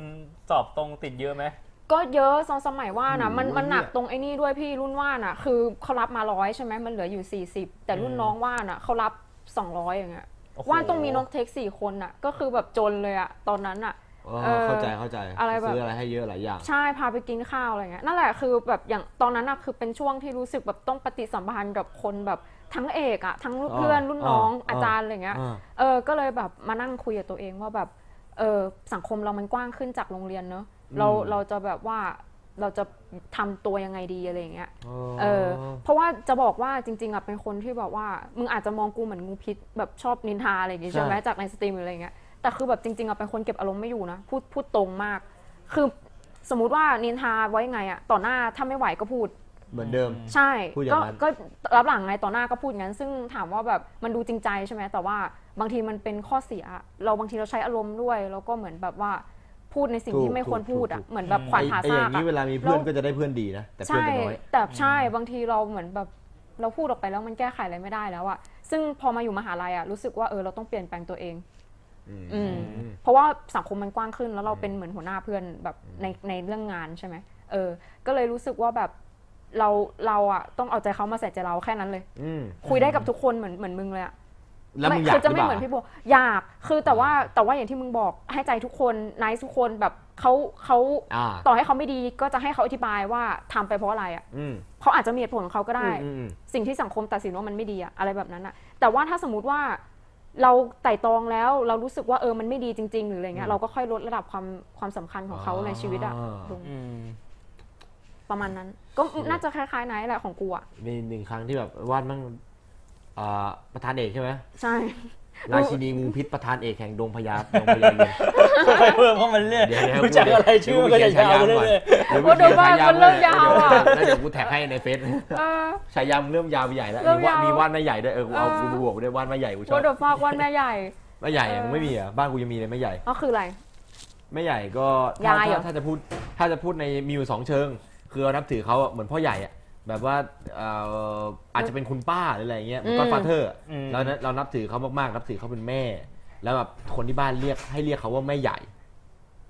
[SPEAKER 2] สอบตรงติดเยอะไหม
[SPEAKER 3] ก็เยอะสองสมัยว่านะมันมันหนักตรงไอ้นี่ด้วยพี่รุ่นว่าน่ะ คือเขารับมาร้อยใช่ไหมมันเหลืออยู่ 40 แต่รุ่นน้องว่าน่ะเขารับ 200 อย่างเงี้ย
[SPEAKER 2] โอ้โห
[SPEAKER 3] ว่าต้องมีน้องเทคสี่คนน่ะก็คือแบบจนเลยอะตอนนั้นอะ
[SPEAKER 1] อ๋อ
[SPEAKER 3] เออ
[SPEAKER 1] เข้าใจเข้าใจ
[SPEAKER 3] อะไรแบบ
[SPEAKER 1] ซื้ออะไรให้เยอะหลายอย่าง
[SPEAKER 3] ใช่ พาไปกินข้าวอะไรเงี้ยนั่นแหละคือแบบอย่างตอนนั้นอะคือเป็นช่วงที่รู้สึกแบบต้องปฏิสัมพันธ์กับคนแบบทั้งเอกอะทั้งรุ่น
[SPEAKER 1] อ่า
[SPEAKER 3] เพื่อนรุ่นน้อง
[SPEAKER 1] อ่า
[SPEAKER 3] อาจารย์อะไรเงี้ย
[SPEAKER 1] อ่า
[SPEAKER 3] เออก็เลยแบบมานั่งคุยกับตัวเองว่าแบบเออสังคมเรามันกว้างขึ้นจากโรงเรียนเนอะเราเราจะแบบว่าเราจะทำตัวยังไงดีอะไรเงี้ย เออเพราะว่าจะบอกว่าจริงๆอ่ะเป็นคนที่แบบว่า มึงอาจจะมองกูเหมือนงูพิษแบบชอบนินทาอะไรอย่างงี้ใช่ไหม
[SPEAKER 1] ใช่
[SPEAKER 3] จากในสตรีมหรืออะไรเงี้ยแต่คือแบบจริงๆอ่ะเป็นคนเก็บอารมณ์ไม่อยู่นะพูดพูดตรงมาก คือสมมุติว่านินทาไว้ไงอ่ะต่อหน้าถ้าไม่ไหวก็พูด
[SPEAKER 1] เหมือนเดิม
[SPEAKER 3] ใช่
[SPEAKER 1] พูดอย่า
[SPEAKER 3] ก็
[SPEAKER 1] งนั้น
[SPEAKER 3] ก็รับหลังไงต่อหน้าก็พูดงั้น ซึ่งถามว่าแบบมันดูจริงใจใช่ไหมแต่ว่าบางทีมันเป็นข้อเสีย เราบางทีเราใช้อารมณ์ด้วย แล้วก็เหมือนแบบว่าพูดในสิ่งที่ไม่ควรพูดอ่ะเหมือนแบบขวานผ่า
[SPEAKER 1] ไอ้อ
[SPEAKER 3] ซา
[SPEAKER 1] ย่าก ง
[SPEAKER 3] อะ
[SPEAKER 1] นี้เวลามีเพื่อนก็จะได้เพื่อนดีนะ แต่เพื่อน
[SPEAKER 3] ใช่
[SPEAKER 1] จะน้อย
[SPEAKER 3] แต่ใช่บางทีเราเหมือนแบบเราพูดออกไปแล้วมันแก้ไขอะไรไม่ได้แล้วอะซึ่งพอมาอยู่มหาลัยอะรู้สึกว่าเออเราต้องเปลี่ยนแปลงตัวเองอืมเพราะว่าสังคมมันกว้างขึ้นแล้วเราเป็นเหมือนหัวหน้าเพื่อนแบบในในเรื่องงานใช่ไหมเออ ก็เลยรู้สึกว่าแบบเราเราอะต้องเอาใจเขามาใส่ใจเราแค่นั้นเลย
[SPEAKER 1] อืม
[SPEAKER 3] คุยได้กับทุกคนเหมือนเหมือนมึงเลยอะ
[SPEAKER 1] แล้วมึงอยาก
[SPEAKER 3] ไคืจะไม่
[SPEAKER 1] รืปล่า
[SPEAKER 3] เหมือนพี่โบอยาก คือแต่ว่าแต่ว่าอย่างที่มึงบอกให้ใจทุกคนนายทุกคนแบบเขาเขา
[SPEAKER 1] อ่า
[SPEAKER 3] ต่อให้เขาไม่ดีก็จะให้เขาอธิบายว่าทำไปเพราะอะไรอ่ะ
[SPEAKER 1] อืม
[SPEAKER 3] เขาอาจจะมีเหตุผลของเขาก็ได้
[SPEAKER 1] อืมอืม
[SPEAKER 3] สิ่งที่สังคมตัดสินว่ามันไม่ดีอะอะไรแบบนั้นอะแต่ว่าถ้าสมมติว่าเราไต่ตรองแล้วเรารู้สึกว่าเออมันไม่ดีจริง ๆ หรืออะไรเงี้ยเราก็ค่อยลดระดับความความสำคัญของเขา
[SPEAKER 1] อ่า
[SPEAKER 3] ในชีวิตอะลงประมาณนั้น ก็น่าจะคล้ายๆไนท์แหละของกูอะ
[SPEAKER 1] มีหนึ่งครั้งที่แบบวาดมั่งอ่าประธานเอกใช่ไหม
[SPEAKER 3] ใช่
[SPEAKER 1] ราชินีงูพิษประธานเอกแห่งดงพญาดงพญาเย็น
[SPEAKER 2] ค่อยๆเพิ่มเข้ามาเรื่อย
[SPEAKER 1] เดี๋ยวเดี๋ยว
[SPEAKER 2] รู้จักอะไรชื่อมันก็จะยาวไปเรื่อย
[SPEAKER 1] เดี๋ยว
[SPEAKER 3] โอ้เดี๋ยวบ้านมันเริ่มยาวอะ
[SPEAKER 1] แล้วเดี๋ยวกู แท็กให้ในเฟซ
[SPEAKER 3] เออ
[SPEAKER 1] ฉายามึงเริ่มยาวไปใหญ่แล้ว
[SPEAKER 3] เริ่ม
[SPEAKER 1] มีว่าย
[SPEAKER 3] าว
[SPEAKER 1] มีว่านแม่ใหญ่ด้วยเออกูเอา
[SPEAKER 3] เออ
[SPEAKER 1] กูดูบอกด้วยว่านแม่ใหญ่กูชอ
[SPEAKER 3] วอบ เดอร์ฟากวันแม่ใหญ่
[SPEAKER 1] แม่ใหญ่ยังไม่มีเหรอ่ะบ้านกูยังมีเลยแม่ใหญ่
[SPEAKER 3] ก็คืออะไร
[SPEAKER 1] แม่ใหญ่ก็ถ้าย
[SPEAKER 3] ายเหรอ
[SPEAKER 1] ถ้าถ้าจะพูดถ้าจะพูดในมีอยู่สองเชิง คือเรานับถือเขาอะเหมือนพ่อใหญ่อะแบบว่าเอ่ออาจจะเป็นคุณป้าหรืออะไรเงี้ยเหมือนก็ฟาเธอร์เรานับเรานับถือเขามากๆ นับถือเขาเป็นแม่ แล้วแบบคนที่บ้านเรียกให้เรียกเขาว่าแม่ใหญ่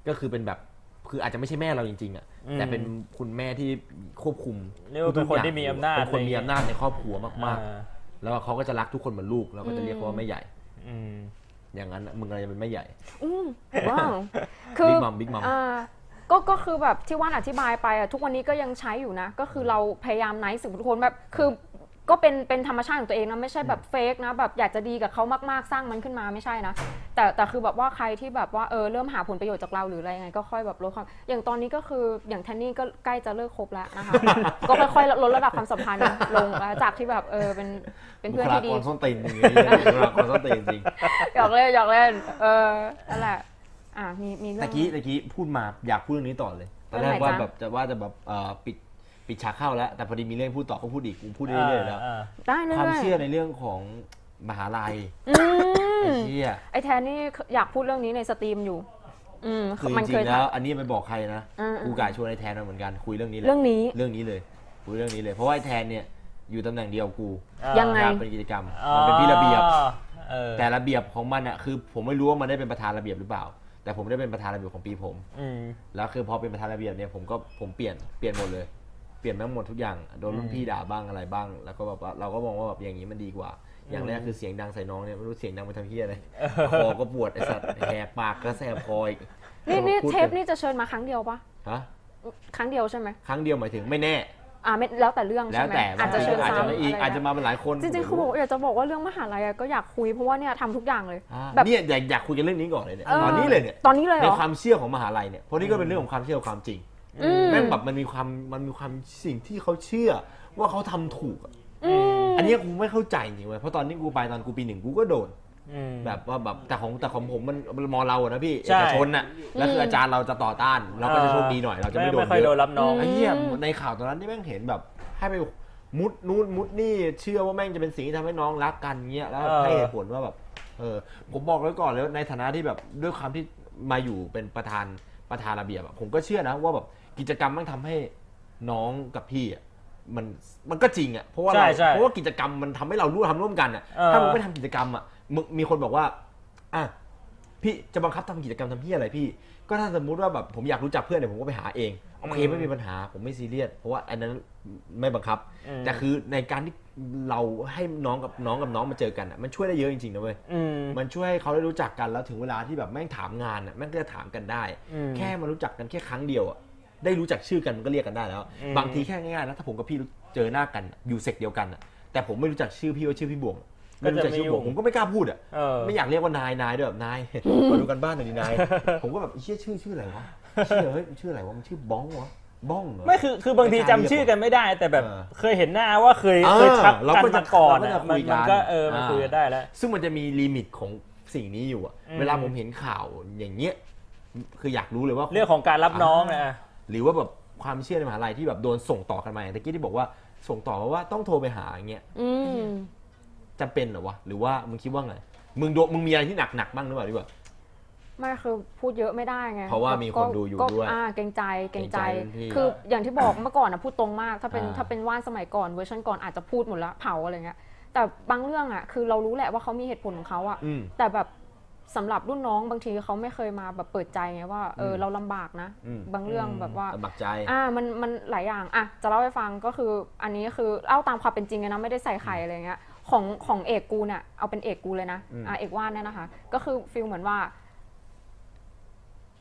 [SPEAKER 1] ก็คือเป็นแบบคืออาจจะไม่ใช่แม่เราจริงๆอ่ะแต่เป็นคุณแม่ที่ควบคุม
[SPEAKER 2] ๆเรียกว่าเป็นคนที่มีอำนาจ
[SPEAKER 1] เป็นคนมีอำนาจในครอบครัวมาก
[SPEAKER 2] อ่า
[SPEAKER 1] ๆ แล้วเขาก็จะรักทุกคนเหมือนลูก แล้วก็จะเรียกเขาว่าแม่ใหญ่
[SPEAKER 2] อืม
[SPEAKER 1] อย่างนั้นน่ะมึงอะไรจะเป็นแม่ใหญ่
[SPEAKER 3] อืมว้าว คือ
[SPEAKER 1] Big Mom Big Mom
[SPEAKER 3] อ่าก็ก็คือแบบที่ว่านอธิบายไปอะทุกวันนี้ก็ยังใช้อยู่นะ ก็คือเราพยายามไนท์สึกบทุกคนแบบคือก็เป็นเป็นธรรมชาติของตัวเองนะไม่ใช่แบบเฟกนะแบบอยากจะดีกับเขามากๆสร้างมันขึ้นมาไม่ใช่นะ แต่แต่คือแบบว่าใครที่แบบว่าเออเริ่มหาผลประโยชน์จากเราหรืออะไรยังไงก็ค่อยแบบลดความอย่างตอนนี้ก็คืออย่างแทนนี่ก็ใกล้จะเลิกคบแล้วนะคะ ก็ค่อยๆลดระดับความสัมพันธ์ลงแล้วจากที่แบบเออเป็นเป็น
[SPEAKER 1] บุ
[SPEAKER 3] เพื่อน
[SPEAKER 1] คลา
[SPEAKER 3] ที่
[SPEAKER 1] ก
[SPEAKER 3] ดี
[SPEAKER 1] รส้นตีนจริง ๆบุคลากรส้นตีนจริง
[SPEAKER 3] หยอกเล่นหยอกเล่นเออนั่นแหละอ่ะมีมีเรื่
[SPEAKER 1] ตะ
[SPEAKER 3] อง
[SPEAKER 1] กี้ตะกี้พูดมาอยากพูดเรื่องนี้ต่อเลยตอนแรก
[SPEAKER 3] เรื่องไหน
[SPEAKER 1] ว่า
[SPEAKER 3] จ๊ะ
[SPEAKER 1] แบบจะว่าจะแบบเอ่อปิดปิดฉากเข้าแล้ว แต่พอดีมีเรื่องพูดต่อก็พูดอีกกูพูดเรื่อยๆแล้ว
[SPEAKER 3] ได้เรื่อ
[SPEAKER 1] ความ
[SPEAKER 3] ยๆ
[SPEAKER 1] เชื่อในเรื่องของมหาลัย
[SPEAKER 3] อืม
[SPEAKER 1] ไอ้เชี่ย
[SPEAKER 3] ไอแทนนี่อยากพูดเรื่องนี้ในสตรีมอยู่ อืม
[SPEAKER 1] คือ
[SPEAKER 3] มัน
[SPEAKER 1] จริ
[SPEAKER 3] เคย
[SPEAKER 1] งๆแล้
[SPEAKER 3] ถาม
[SPEAKER 1] วอันนี้ไปบอกใครนะ
[SPEAKER 3] อืม
[SPEAKER 1] กูกายชวนไอ้แทนมาเหมือนกันคุยเรื่องนี้แหละ
[SPEAKER 3] เรื่องนี้
[SPEAKER 1] เรื่องนี้เลยคุยเรื่องนี้เลย เพราะว่าไอ้แทนเนี่ยอยู่ตำแหน่งเดียวกู
[SPEAKER 3] ยังไง
[SPEAKER 1] การเป็นกิจกรรมมันเป็นพี่ระเบียบ
[SPEAKER 2] อ่า เออ
[SPEAKER 1] แต่ระเบียบของมันอ่ะคือ ผมไม่รู้ว่ามันได้เป็นประธานระเบียบหรือเปล่า แต่ผมได้เป็นประธานระเบียบของปีผม
[SPEAKER 4] อืม
[SPEAKER 1] แล้วคือพอเป็นประธานระเบียบเนี่ยผมก็ผมเปลี่ยนเปลี่ยนหมดเลย เปลี่ยนแม่งหมดทุกอย่างโดนรุ่นพี่ด่าบ้างอะไรบ้าง แล้วก็แบบว่าเราก็มองว่าแบบอย่างนี้มันดีกว่า อย่างแรกคือเสียงดังใส่น้องเนี่ยไม่รู้เสียงดังไปทำเพี้ย อะไรคอก็ปวดไอสัตว์แหกปากก็แสบคออีก
[SPEAKER 3] นี่นี่
[SPEAKER 1] พูด
[SPEAKER 3] เทปนี่จะเชิญมาครั้งเดียวปะ
[SPEAKER 1] ฮะ
[SPEAKER 3] ครั้งเดียวใช่ไหม
[SPEAKER 1] ครั้งเดียวหมายถึงไม่แน่
[SPEAKER 3] อ่าไม่แล้วแต่เรื่อง
[SPEAKER 1] แล้ว
[SPEAKER 3] ใช่ไหม
[SPEAKER 1] แต่
[SPEAKER 3] อาจจะเชิญ
[SPEAKER 1] อาจจะ
[SPEAKER 3] ซ้ำอะไร
[SPEAKER 1] ไม่อีกอาจจะมาเป็นหลายคน
[SPEAKER 3] จริงๆคือบอกอยากจะบอกว่าเรื่องมหาลัยอะก็อยากคุยเพราะว่าเนี่ยทำทุกอย่างเลย
[SPEAKER 1] อ่า
[SPEAKER 3] แบบ
[SPEAKER 1] เนี่ยอยากอยากคุยกันเรื่องนี้ก่อนเลยเนี่ย
[SPEAKER 3] เออ
[SPEAKER 1] ตอนนี้เลยเนี่ย
[SPEAKER 3] ตอนนี้เลยเห
[SPEAKER 1] ใน
[SPEAKER 3] รอ
[SPEAKER 1] ความเชื่อของมหาลัยเนี่ยเพราะนี่ก็เป็นเรื่องของความเชื่อกับความจริง
[SPEAKER 3] อืม
[SPEAKER 1] แม่งแบบมันมีความมันมีความสิ่งที่เขาเชื่อว่าเขาทำถูกอะอันเนี้ยกูไม่เข้าใจจริงเว้ยเพราะตอนนี้กูไปตอนกูปีหนึ่งกูก็โดน แบบว่าแบบแต่ของแต่ของผมมันมันมอเราอะนะพี่
[SPEAKER 2] ใช่
[SPEAKER 1] เอกชนน่ะแล้วคืออาจารย์เราจะต่อต้าน เราก็จะโชคดีหน่อยเราจะไม่โดน
[SPEAKER 2] ไม่ค่อย
[SPEAKER 1] เย
[SPEAKER 2] โดน
[SPEAKER 1] อะ
[SPEAKER 2] รับน้อง
[SPEAKER 1] ไอ้เหี้ยในข่าวตอนนั้นที่แม่งเห็นแบบ ให้ไปมุดนู่นมุดนี่เชื่อว่าแม่งจะเป็นสิ่งที่ทำให้น้องรักกันเงี้ยแล้ว
[SPEAKER 2] เออ
[SPEAKER 1] ให้เหตุผลว่าแบบเออผมบอกไว้ก่อนเลยว่าในฐานะที่แบบด้วยความที่มาอยู่เป็นประธานประธานระเบียบอะผมก็เชื่อนะว่าแบบกิจกรรมมันทำให้น้องกับพี่อะมันมันก็จริงอะเพราะว่าเรา
[SPEAKER 2] ใช่ใช่
[SPEAKER 1] เพราะว่ากิจกรรมมันทำให้เรารู้ทำร่วมกันอะ
[SPEAKER 2] เออ
[SPEAKER 1] ถ้ามึงไม่ทำกิจกรรมอะมึงมีคนบอกว่าอ่ะ พี่จะบังคับทำกิจกรรมทำเพี้ยอะไรพี่ ก็ถ้าสมมุติว่าแบบผมอยากรู้จักเพื่อนเนี่ยผมก็ไปหาเองโอเค
[SPEAKER 2] อืม
[SPEAKER 1] ไม่มีปัญหาผมไม่ซีเรียสเพราะว่าอันนั้นไม่บังคับ
[SPEAKER 2] อืม
[SPEAKER 1] แต่คือในการที่เราให้น้องกับน้องกับน้องมาเจอกันอะมันช่วยได้เยอะจริงๆนะเว้ย
[SPEAKER 2] อืม
[SPEAKER 1] มันช่วยให้เขาได้รู้จักกันแล้วถึงเวลาที่แบบแม่งถามงานอะแม่งก็จะถามกันได้
[SPEAKER 2] อืม
[SPEAKER 1] แค่มารู้จักกันแค่ครั้งเดียวอะได้รู้จักชื่อกันมันก็เรียกกันได้แล้ว
[SPEAKER 2] อืม
[SPEAKER 1] บางทีแค่ง่ายๆนะถ้าผมกับพี่รู้เจอหน้ากันอยู่เซกเดียวกันอะแต่ผมไม่รู้จักชื่อพี่ว่าชื่อพี่บวงไม่รู้จักชื่อบวงผมก็ไม่กล้าพูดอะ
[SPEAKER 2] เออ
[SPEAKER 1] ไม่อยากเรียกว่านาย นายด้วยแบบนาย มาดูกันบ้านหน่อยดิ นาย ผมก็แบบเชี่ยชื่อชื่ออะไรวะชื่อเฮ้ยมันชื่ออะไรวะมันชื่อบ้องวะบ้องเหรอ
[SPEAKER 2] ไม่คือคือบางทีจำชื่อกันไม่ได้ แต่แบบ
[SPEAKER 1] เออ
[SPEAKER 2] เคยเห็นหน้าว่าเคย
[SPEAKER 1] เออ
[SPEAKER 2] เคยทัก
[SPEAKER 1] เรา
[SPEAKER 2] กัน
[SPEAKER 1] ก็จะ
[SPEAKER 2] มาก่อน
[SPEAKER 1] เราก็จะ
[SPEAKER 2] อะมัน
[SPEAKER 1] คุยกัน
[SPEAKER 2] มันก็เออมัน
[SPEAKER 1] อ่า
[SPEAKER 2] คุยกันได้แล้ว
[SPEAKER 1] ซึ่งมันจะมีลิมิตของสิ่งนี้อยู่อะ
[SPEAKER 2] อืม
[SPEAKER 1] เวลาผมเห็นข่าวอย่างเงี้ยคืออยากรู้เลยว่า
[SPEAKER 2] เรื่องของการรับน้องนะ
[SPEAKER 1] หรือว่าแบบความเชื่อในมหาลัยที่แบบโดนส่งต่อกันมาอย่างตะกี้ที่บอกว่าส่งต่อมาว่าต้องโทรไปหาอย่างเงี้ย
[SPEAKER 3] อืม
[SPEAKER 1] จำเป็นเหรอวะหรือว่ามึงคิดว่าไงมึงโดนมึงมีอะไรที่หนักหนักๆบ้างหรือเปล่าดีกว่า
[SPEAKER 3] ไม่คือพูดเยอะไม่ได้ไง
[SPEAKER 1] เพราะว่ามีคนดูอยู่
[SPEAKER 3] ก็
[SPEAKER 1] ด้วย
[SPEAKER 3] อ่าเกรงใจเกรงใจ
[SPEAKER 1] เกรงใจรุ่นพี่
[SPEAKER 3] คืออย่างที่บอกเมื่อก่อนนะพูดตรงมาก ถ้าเป็น
[SPEAKER 1] อ่า
[SPEAKER 3] ถ้าเป็นว่านสมัยก่อนเวอร์ชันก่อนอาจจะพูดหมดละเผาอะไรเงี้ยแต่บางเรื่องอ่ะคือเรารู้แหละว่าเขามีเหตุผลของเขาอ่ะ
[SPEAKER 1] อืม
[SPEAKER 3] แต่แบบสำหรับรุ่นน้องบางทีเขาไม่เคยมาแบบเปิดใจไงว่าเอออ
[SPEAKER 1] ม
[SPEAKER 3] เราลำบากนะ
[SPEAKER 1] อืม
[SPEAKER 3] บางเรื่อง
[SPEAKER 2] อืม
[SPEAKER 3] แบบว่า
[SPEAKER 1] ลำบากใจ
[SPEAKER 3] อ่ามันมันหลายอย่างอ่ะจะเล่าให้ฟังก็คืออันนี้คือเล่าตามความเป็นจริงเลยนะไม่ได้ใส่ไข่อะไรเงี้ยของของเอกกูเนี่ยเอาเป็นเอกกูเลยนะ
[SPEAKER 1] อืม
[SPEAKER 3] อ่าเอกว่านเนี่ยนะคะ ก็คือฟิลเหมือนว่า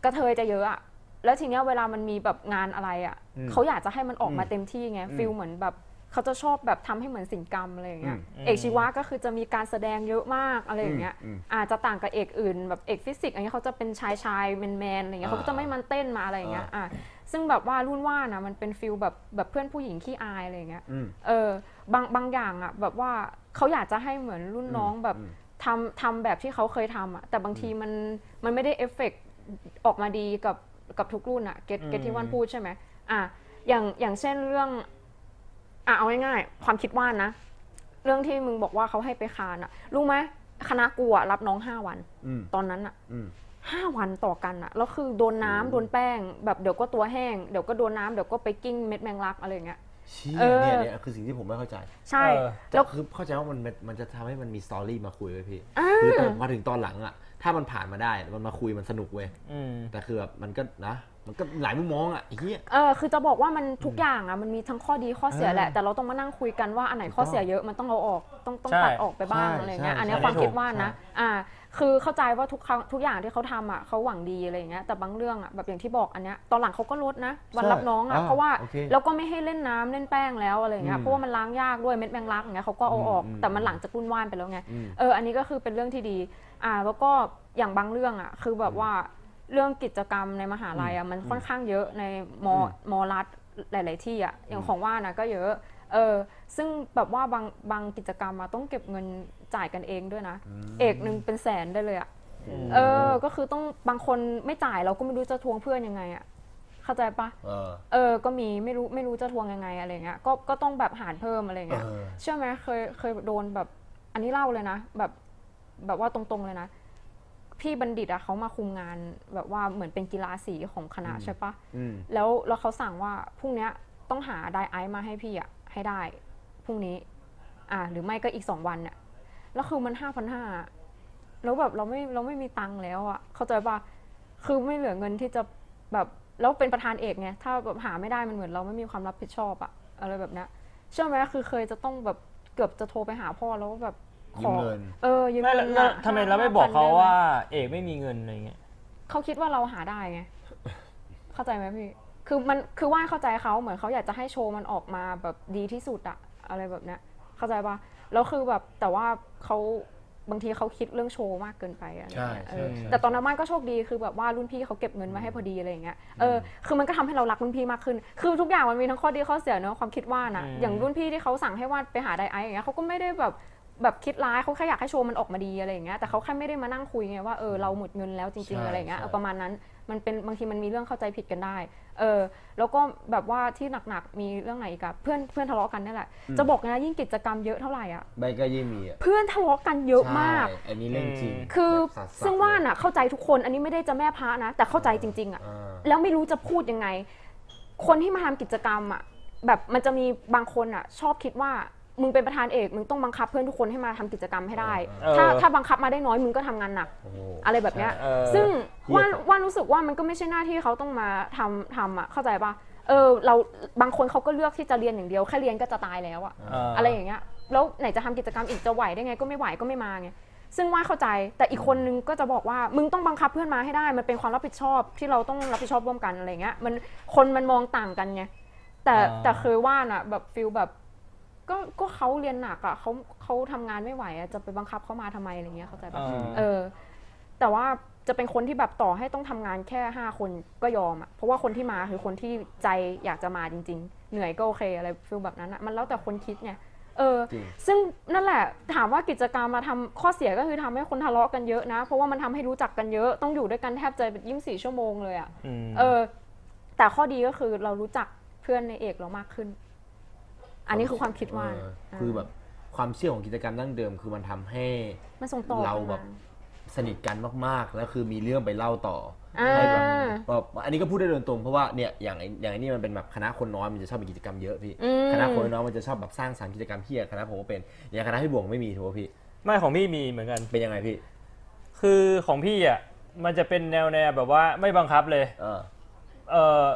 [SPEAKER 3] กระเทยจะเยอะอะแล้วทีเนี้ยเวลามันมีแบบงานอะไรอะ
[SPEAKER 1] อืม
[SPEAKER 3] เขาอยากจะให้มันออกมาเต็มที่ไง
[SPEAKER 1] อืม
[SPEAKER 3] ฟิลเหมือนแบบเขาจะชอบแบบทำให้เหมือนสินกรรมอะไรอย่างเงี้ย
[SPEAKER 2] อืม
[SPEAKER 3] เอกชีวะก็คือจะมีการแสดงเยอะมากอะไรอย่างเงี้ย
[SPEAKER 1] อืมอืม
[SPEAKER 3] อาจจะต่างกับเอกอื่น แบบเอกฟิสิกส์อะไรเงี้ยเขาจะเป็นชายชายแมนแมนๆอะไรเงี้ยเขาก็จะไม่มันเต้นมาอะไรอย่างเงี้ย
[SPEAKER 1] อ่า
[SPEAKER 3] อ่ะ ซึ่งแบบว่ารุ่นว่านะมันเป็นฟิลแบบแบบเพื่อนผู้หญิงขี้อายอะไรอย่างเงี้ย
[SPEAKER 1] อืม
[SPEAKER 3] เออบางบางอย่างอะแบบว่าเขาอยากจะให้เหมือนรุ่นน้องแบบ
[SPEAKER 1] อืม
[SPEAKER 3] ทำทำแบบที่เขาเคยทำอะแต่บางทีมันมันไม่ได้เอฟเฟกต์ออกมาดีกับกับทุกรุ่นอะเกตเกตที่ว่านพูดใช่ไหมอ่ะอย่างอย่างเช่นเรื่องอ่ะเอาง่ายๆความคิดว่านนะ เรื่องที่มึงบอกว่าเขาให้ไปคานอะรู้ไหมคณะกูอะรับน้องห้าวัน
[SPEAKER 1] อืม
[SPEAKER 3] ตอนนั้นอะ
[SPEAKER 1] อืม
[SPEAKER 3] ห้าวันต่อกันอะแล้วคือโดนน้ำโดนแป้ง แบบเดี๋ยวก็ตัวแห้ง เดี๋ยวก็โดนน้ำเดี๋ยวก็ไปกิ้งเม็ดแมงลักอะไรอย่างเงี้ย
[SPEAKER 1] เชี่ย
[SPEAKER 3] เออ
[SPEAKER 1] เนี่ยเนี่ยคือสิ่งที่ผมไม่เข้าใจ
[SPEAKER 3] ใช่
[SPEAKER 2] เออ
[SPEAKER 1] แล้
[SPEAKER 3] แล้ว ว
[SPEAKER 1] คือเข้าใจว่ามันมันมันจะทำให้มันมีสตอรี่มาคุยไว้ยพี่
[SPEAKER 3] อ่า
[SPEAKER 1] คือตอนมาถึงตอนหลังอะถ้ามันผ่านมาได้มันมาคุยมันสนุกเว้ย
[SPEAKER 2] อืม
[SPEAKER 1] แต่คือแบบมันก็นะมันก็หลายมุมมองอะไอ้เฮีย
[SPEAKER 3] เออคือจะบอกว่ามันทุกอย่างอะมันมีทั้งข้อดีข้อเสียแหละ แต่เราต้องมานั่งคุยกันว่าอันไหนข้อเสียเยอะมันต้องเอาออกต้องต้อง
[SPEAKER 2] ใช่
[SPEAKER 3] ตัดออกไปบ้าง
[SPEAKER 1] ใช่
[SPEAKER 3] อะไรอย่างเงี้ย
[SPEAKER 1] ใช่
[SPEAKER 3] อันเนี้ย
[SPEAKER 1] ใช่
[SPEAKER 3] ความคิด
[SPEAKER 1] ถูก
[SPEAKER 3] ว่านะอ่า คือเข้าใจว่าทุกครั้งทุกอย่างที่เขาทำอะเขาหวังดีอะไรอย่างเงี้ยแต่บางเรื่องอะแบบอย่างที่บอกอันเนี้ยตอนหลังเขาก็ลดนะ วัน
[SPEAKER 1] ใช่
[SPEAKER 3] รับน้องอะ
[SPEAKER 1] อ่า
[SPEAKER 3] เพราะว่า
[SPEAKER 1] โอเค
[SPEAKER 3] แล้วก็ไม่ให้เล่นน้ำเล่นแป้งแล้วอะไรอย่างเงี้
[SPEAKER 1] อืม
[SPEAKER 3] ยเพราะว่ามันล้างยากด้วยเม็ดแมงลักอย่างเงี้ยเขาก็เอาออก
[SPEAKER 1] อืมอืม
[SPEAKER 3] แต่มันหลังจากรุ่นว่านไปแล้วไง
[SPEAKER 1] อืม
[SPEAKER 3] เออ อันนี้ก็คือเป็นเรื่องที่ดี อ่า แล้วก็อย่างบางเรื่องอ่ะ คือแบบว่าเรื่องกิจกรรมในมหาลัยอ่ะ มันค่อนข้างเยอะในมอ
[SPEAKER 1] อืม
[SPEAKER 3] มอรัฐหลาย ๆ ที่อ่ะ อย่างของว่านะก็เยอะ เออ ซึ่งแบบว่าบางบางกิจกรรมอะต้องเก็บเงินจ่ายกันเองด้วยนะ เอกหนึ่งเป็นแสนได้เลยอ่ะ เออ ก็คือต้องบางคนไม่จ่ายเราก็ไม่รู้จะทวงเพื่อนยังไงอ่ะ เข้าใจปะ
[SPEAKER 1] เออ
[SPEAKER 3] เออ ก็มีไม่รู้ไม่รู้จะทวงยังไงอะไรเงี้ย ก็ก็ต้องแบบหารเพิ่มอะไรเงี้ย
[SPEAKER 1] เออ
[SPEAKER 3] เชื่อไหมเคยเคยโดนแบบอันนี้เล่าเลยนะ แบบแบบว่าตรงๆเลยนะ พี่บัณฑิตอะเขามาคุมงานแบบว่าเหมือนเป็นกีฬาสีของคณะใช่ปะ
[SPEAKER 1] อืม
[SPEAKER 3] แล้วแล้วเขาสั่งว่าพรุ่งเนี้ยต้องหาไดไอซ์มาให้พี่อะให้ได้พรุ่งนี้ อ่า หรือไม่ก็อีกสองวันอะแล้วคือมันห้าพันห้า แล้วแบบเราไม่เราไม่มีตังค์แล้วอะ่ะ เข้าใจป่ะคือไม่เหลือเงินที่จะแบบแล้วเป็นประธานเอกไงถ้าแบบหาไม่ได้มันเหมือนเราไม่มีความรับผิดชอบอะอะไรแบบเนี้ยเชื่อไหมคือเคยจะต้องแบบเกือบจะโทรไปหาพ่อแล้วแบบขอ
[SPEAKER 1] ยืมเงิน
[SPEAKER 3] เออยืม
[SPEAKER 2] ไม่
[SPEAKER 3] เงิน
[SPEAKER 2] แล้ว
[SPEAKER 3] อะ
[SPEAKER 2] ทำไมเราไม่บอกเขา
[SPEAKER 3] 5,000
[SPEAKER 2] ว่าเอกไม่มีเงินอะไรเงี้ย
[SPEAKER 3] เขาคิดว่าเราหาได้ไงเข้าใจไหมพี่คือมันคือว่าเข้าใจเขาเหมือนเขาอยากจะให้โชว์มันออกมาแบบดีที่สุดอะอะไรแบบเนี้ยเข้าใจป่ะแล้วคือแบบแต่ว่าเขาบางทีเขาคิดเรื่องโชว์มากเกินไปอะไรอย่างเงี้ย
[SPEAKER 1] ใช่
[SPEAKER 3] เออ
[SPEAKER 1] ใช่
[SPEAKER 3] แต่ตอนนั้นมันก็โชคดีคือแบบว่ารุ่นพี่เขาเก็บเงินมาให้พอดีอะไรอย่างเงี้ย เออ คือมันก็ทำให้เรารักรุ่นพี่มากขึ้น คือทุกอย่างมันมีทั้งข้อดีข้อเสียเนอะความคิดว่าดนะ
[SPEAKER 2] อืม
[SPEAKER 3] อย่างรุ่นพี่ที่เขาสั่งให้วาดไปหาไดไอซ์อย่างเงี้ยเขาก็ไม่ได้แบบแบบคิดร้ายเขาแค่อยากให้โชว์มันออกมาดีอะไรอย่างเงี้ย แต่เขาแค่ไม่ได้มานั่งคุยไงว่าเออเราหมดเงินแล้วจริง
[SPEAKER 1] ใช่
[SPEAKER 3] ๆอะไรอย่างเงี้ย
[SPEAKER 1] ใช่
[SPEAKER 3] เออประมาณนั้น มันเป็นบางทีมันมีเรื่องเข้าใจผิดกันได้ เออ แล้วก็แบบว่าที่หนักๆมีเรื่องไหนอีกอะเพื่อนเพื่อนทะเลาะกันนี่แหละ จะบอกนะยิ่งกิจกรรมเยอะเท่าไหร่อะ
[SPEAKER 1] ใบก็ยี่มีอ่ะ
[SPEAKER 3] เพื่อนทะเลาะกันเยอะมาก
[SPEAKER 1] ใช่อันนี้เรื่องจริง
[SPEAKER 3] คือ
[SPEAKER 1] แบบสัสๆ
[SPEAKER 3] ซึ่งว่านอะเข้าใจทุกคน อันนี้ไม่ได้จะแม่พระนะ แต่เข้าใจจริงๆอะ
[SPEAKER 1] อ่า
[SPEAKER 3] แล้วไม่รู้จะพูดยังไง คนที่มาทำกิจกรรมอ่ะ แบบมันจะมีบางคนอ่ะ ชอบคิดว่ามึงเป็นประธานเอก มึงต้องบังคับเพื่อนทุกคนให้มาทำกิจกรรมให้ได้
[SPEAKER 2] เออ
[SPEAKER 3] ถ้าถ้าบังคับมาได้น้อยมึงก็ทำงานหนัก
[SPEAKER 1] โอ้โห
[SPEAKER 3] อะไรแบบเนี้ย
[SPEAKER 1] ใช่เออ
[SPEAKER 3] ซึ่ง
[SPEAKER 1] เหี้ย
[SPEAKER 3] ว่านว่านรู้สึกว่ามันก็ไม่ใช่หน้าที่เขาต้องมาทำทำอ่ะ เข้าใจปะเออ เราบางคนเขาก็เลือกที่จะเรียนอย่างเดียวแค่เรียนก็จะตายแล้วอ่ะ
[SPEAKER 2] เ
[SPEAKER 3] อะไรอย่างเงี้ย แล้วไหนจะทำกิจกรรมอีกจะไหวได้ไงก็ไม่ไหวก็ไม่มาไง ซึ่งว่าเข้าใจ แต่อีกคนนึงก็จะบอกว่า มึงต้องบังคับเพื่อนมาให้ได้ มันเป็นความรับผิดชอบที่เราต้องรับผิดชอบร่วมกันอะไรเงี้ย มันคนมันมองต่างกันไง แต่
[SPEAKER 2] อ่า
[SPEAKER 3] แต่เคยว่าน่ะแบบฟิลแบบ ก็ก็เขาเรียนหนักอ่ะเขาเขาทำงานไม่ไหวอ่ะจะไปบังคับเขามาทำไมอะไรเงี้ยเข้าใจ
[SPEAKER 2] เอ
[SPEAKER 3] ปะ
[SPEAKER 2] อ
[SPEAKER 3] เออ แต่ว่าจะเป็นคนที่แบบต่อให้ต้องทำงานแค่ห้าคนก็ยอมอ่ะ เพราะว่าคนที่มาคือคนที่ใจอยากจะมาจริง ๆ เหนื่อยก็โอเคอะไรฟิลแบบนั้นอ่ะมันแล้วแต่คนคิดไง เออ
[SPEAKER 1] จริง
[SPEAKER 3] ซึ่งนั่นแหละถามว่ากิจกรรมมาทำข้อเสียก็คือทำให้คนทะเลาะกันเยอะนะ เพราะว่ามันทำให้รู้จักกันเยอะต้องอยู่ด้วยกันแทบจะยี่สิบสี่ชั่วโมงเลยอะ่ะ
[SPEAKER 2] ม
[SPEAKER 3] เออ แต่ข้อดีก็คือเรารู้จักเพื่อนในเอกเรามากขึ้น อันนี้คือความคิดว่า
[SPEAKER 1] เอ
[SPEAKER 3] นะ
[SPEAKER 1] อคือแบบความเชื่อของกิจกรรมดั้งเดิม คือมันทำให้
[SPEAKER 3] มันส่งต่อ
[SPEAKER 1] เรา
[SPEAKER 3] กัน
[SPEAKER 1] แบ
[SPEAKER 3] มา
[SPEAKER 1] บ สนิทกันมากๆ แล้วคือมีเรื่องไปเล่าต่ออา ให้แบบแบบอันนี้ก็พูดได้โดยตรงเพราะว่าเนี่ยอย่างไอ้อย่างไอ้นี่มันเป็นแบบคณะคนน้อยมันจะชอบมีกิจกรรมเยอะพี่
[SPEAKER 3] อืม
[SPEAKER 1] คณะคนน้อยมันจะชอบแบบสร้างสรรค์กิจกรรมเพียคณะผมก็เป็นอย่างคณะพี่บวงไม่มีถูกป่ะพี่
[SPEAKER 2] ไม่ของพี่มีเหมือนกัน
[SPEAKER 1] เป็นยังไงพี่
[SPEAKER 2] คือของพี่อ่ะมันจะเป็นแนวแนวแบบว่าไม่บังคับเลย
[SPEAKER 1] เออ
[SPEAKER 2] เออ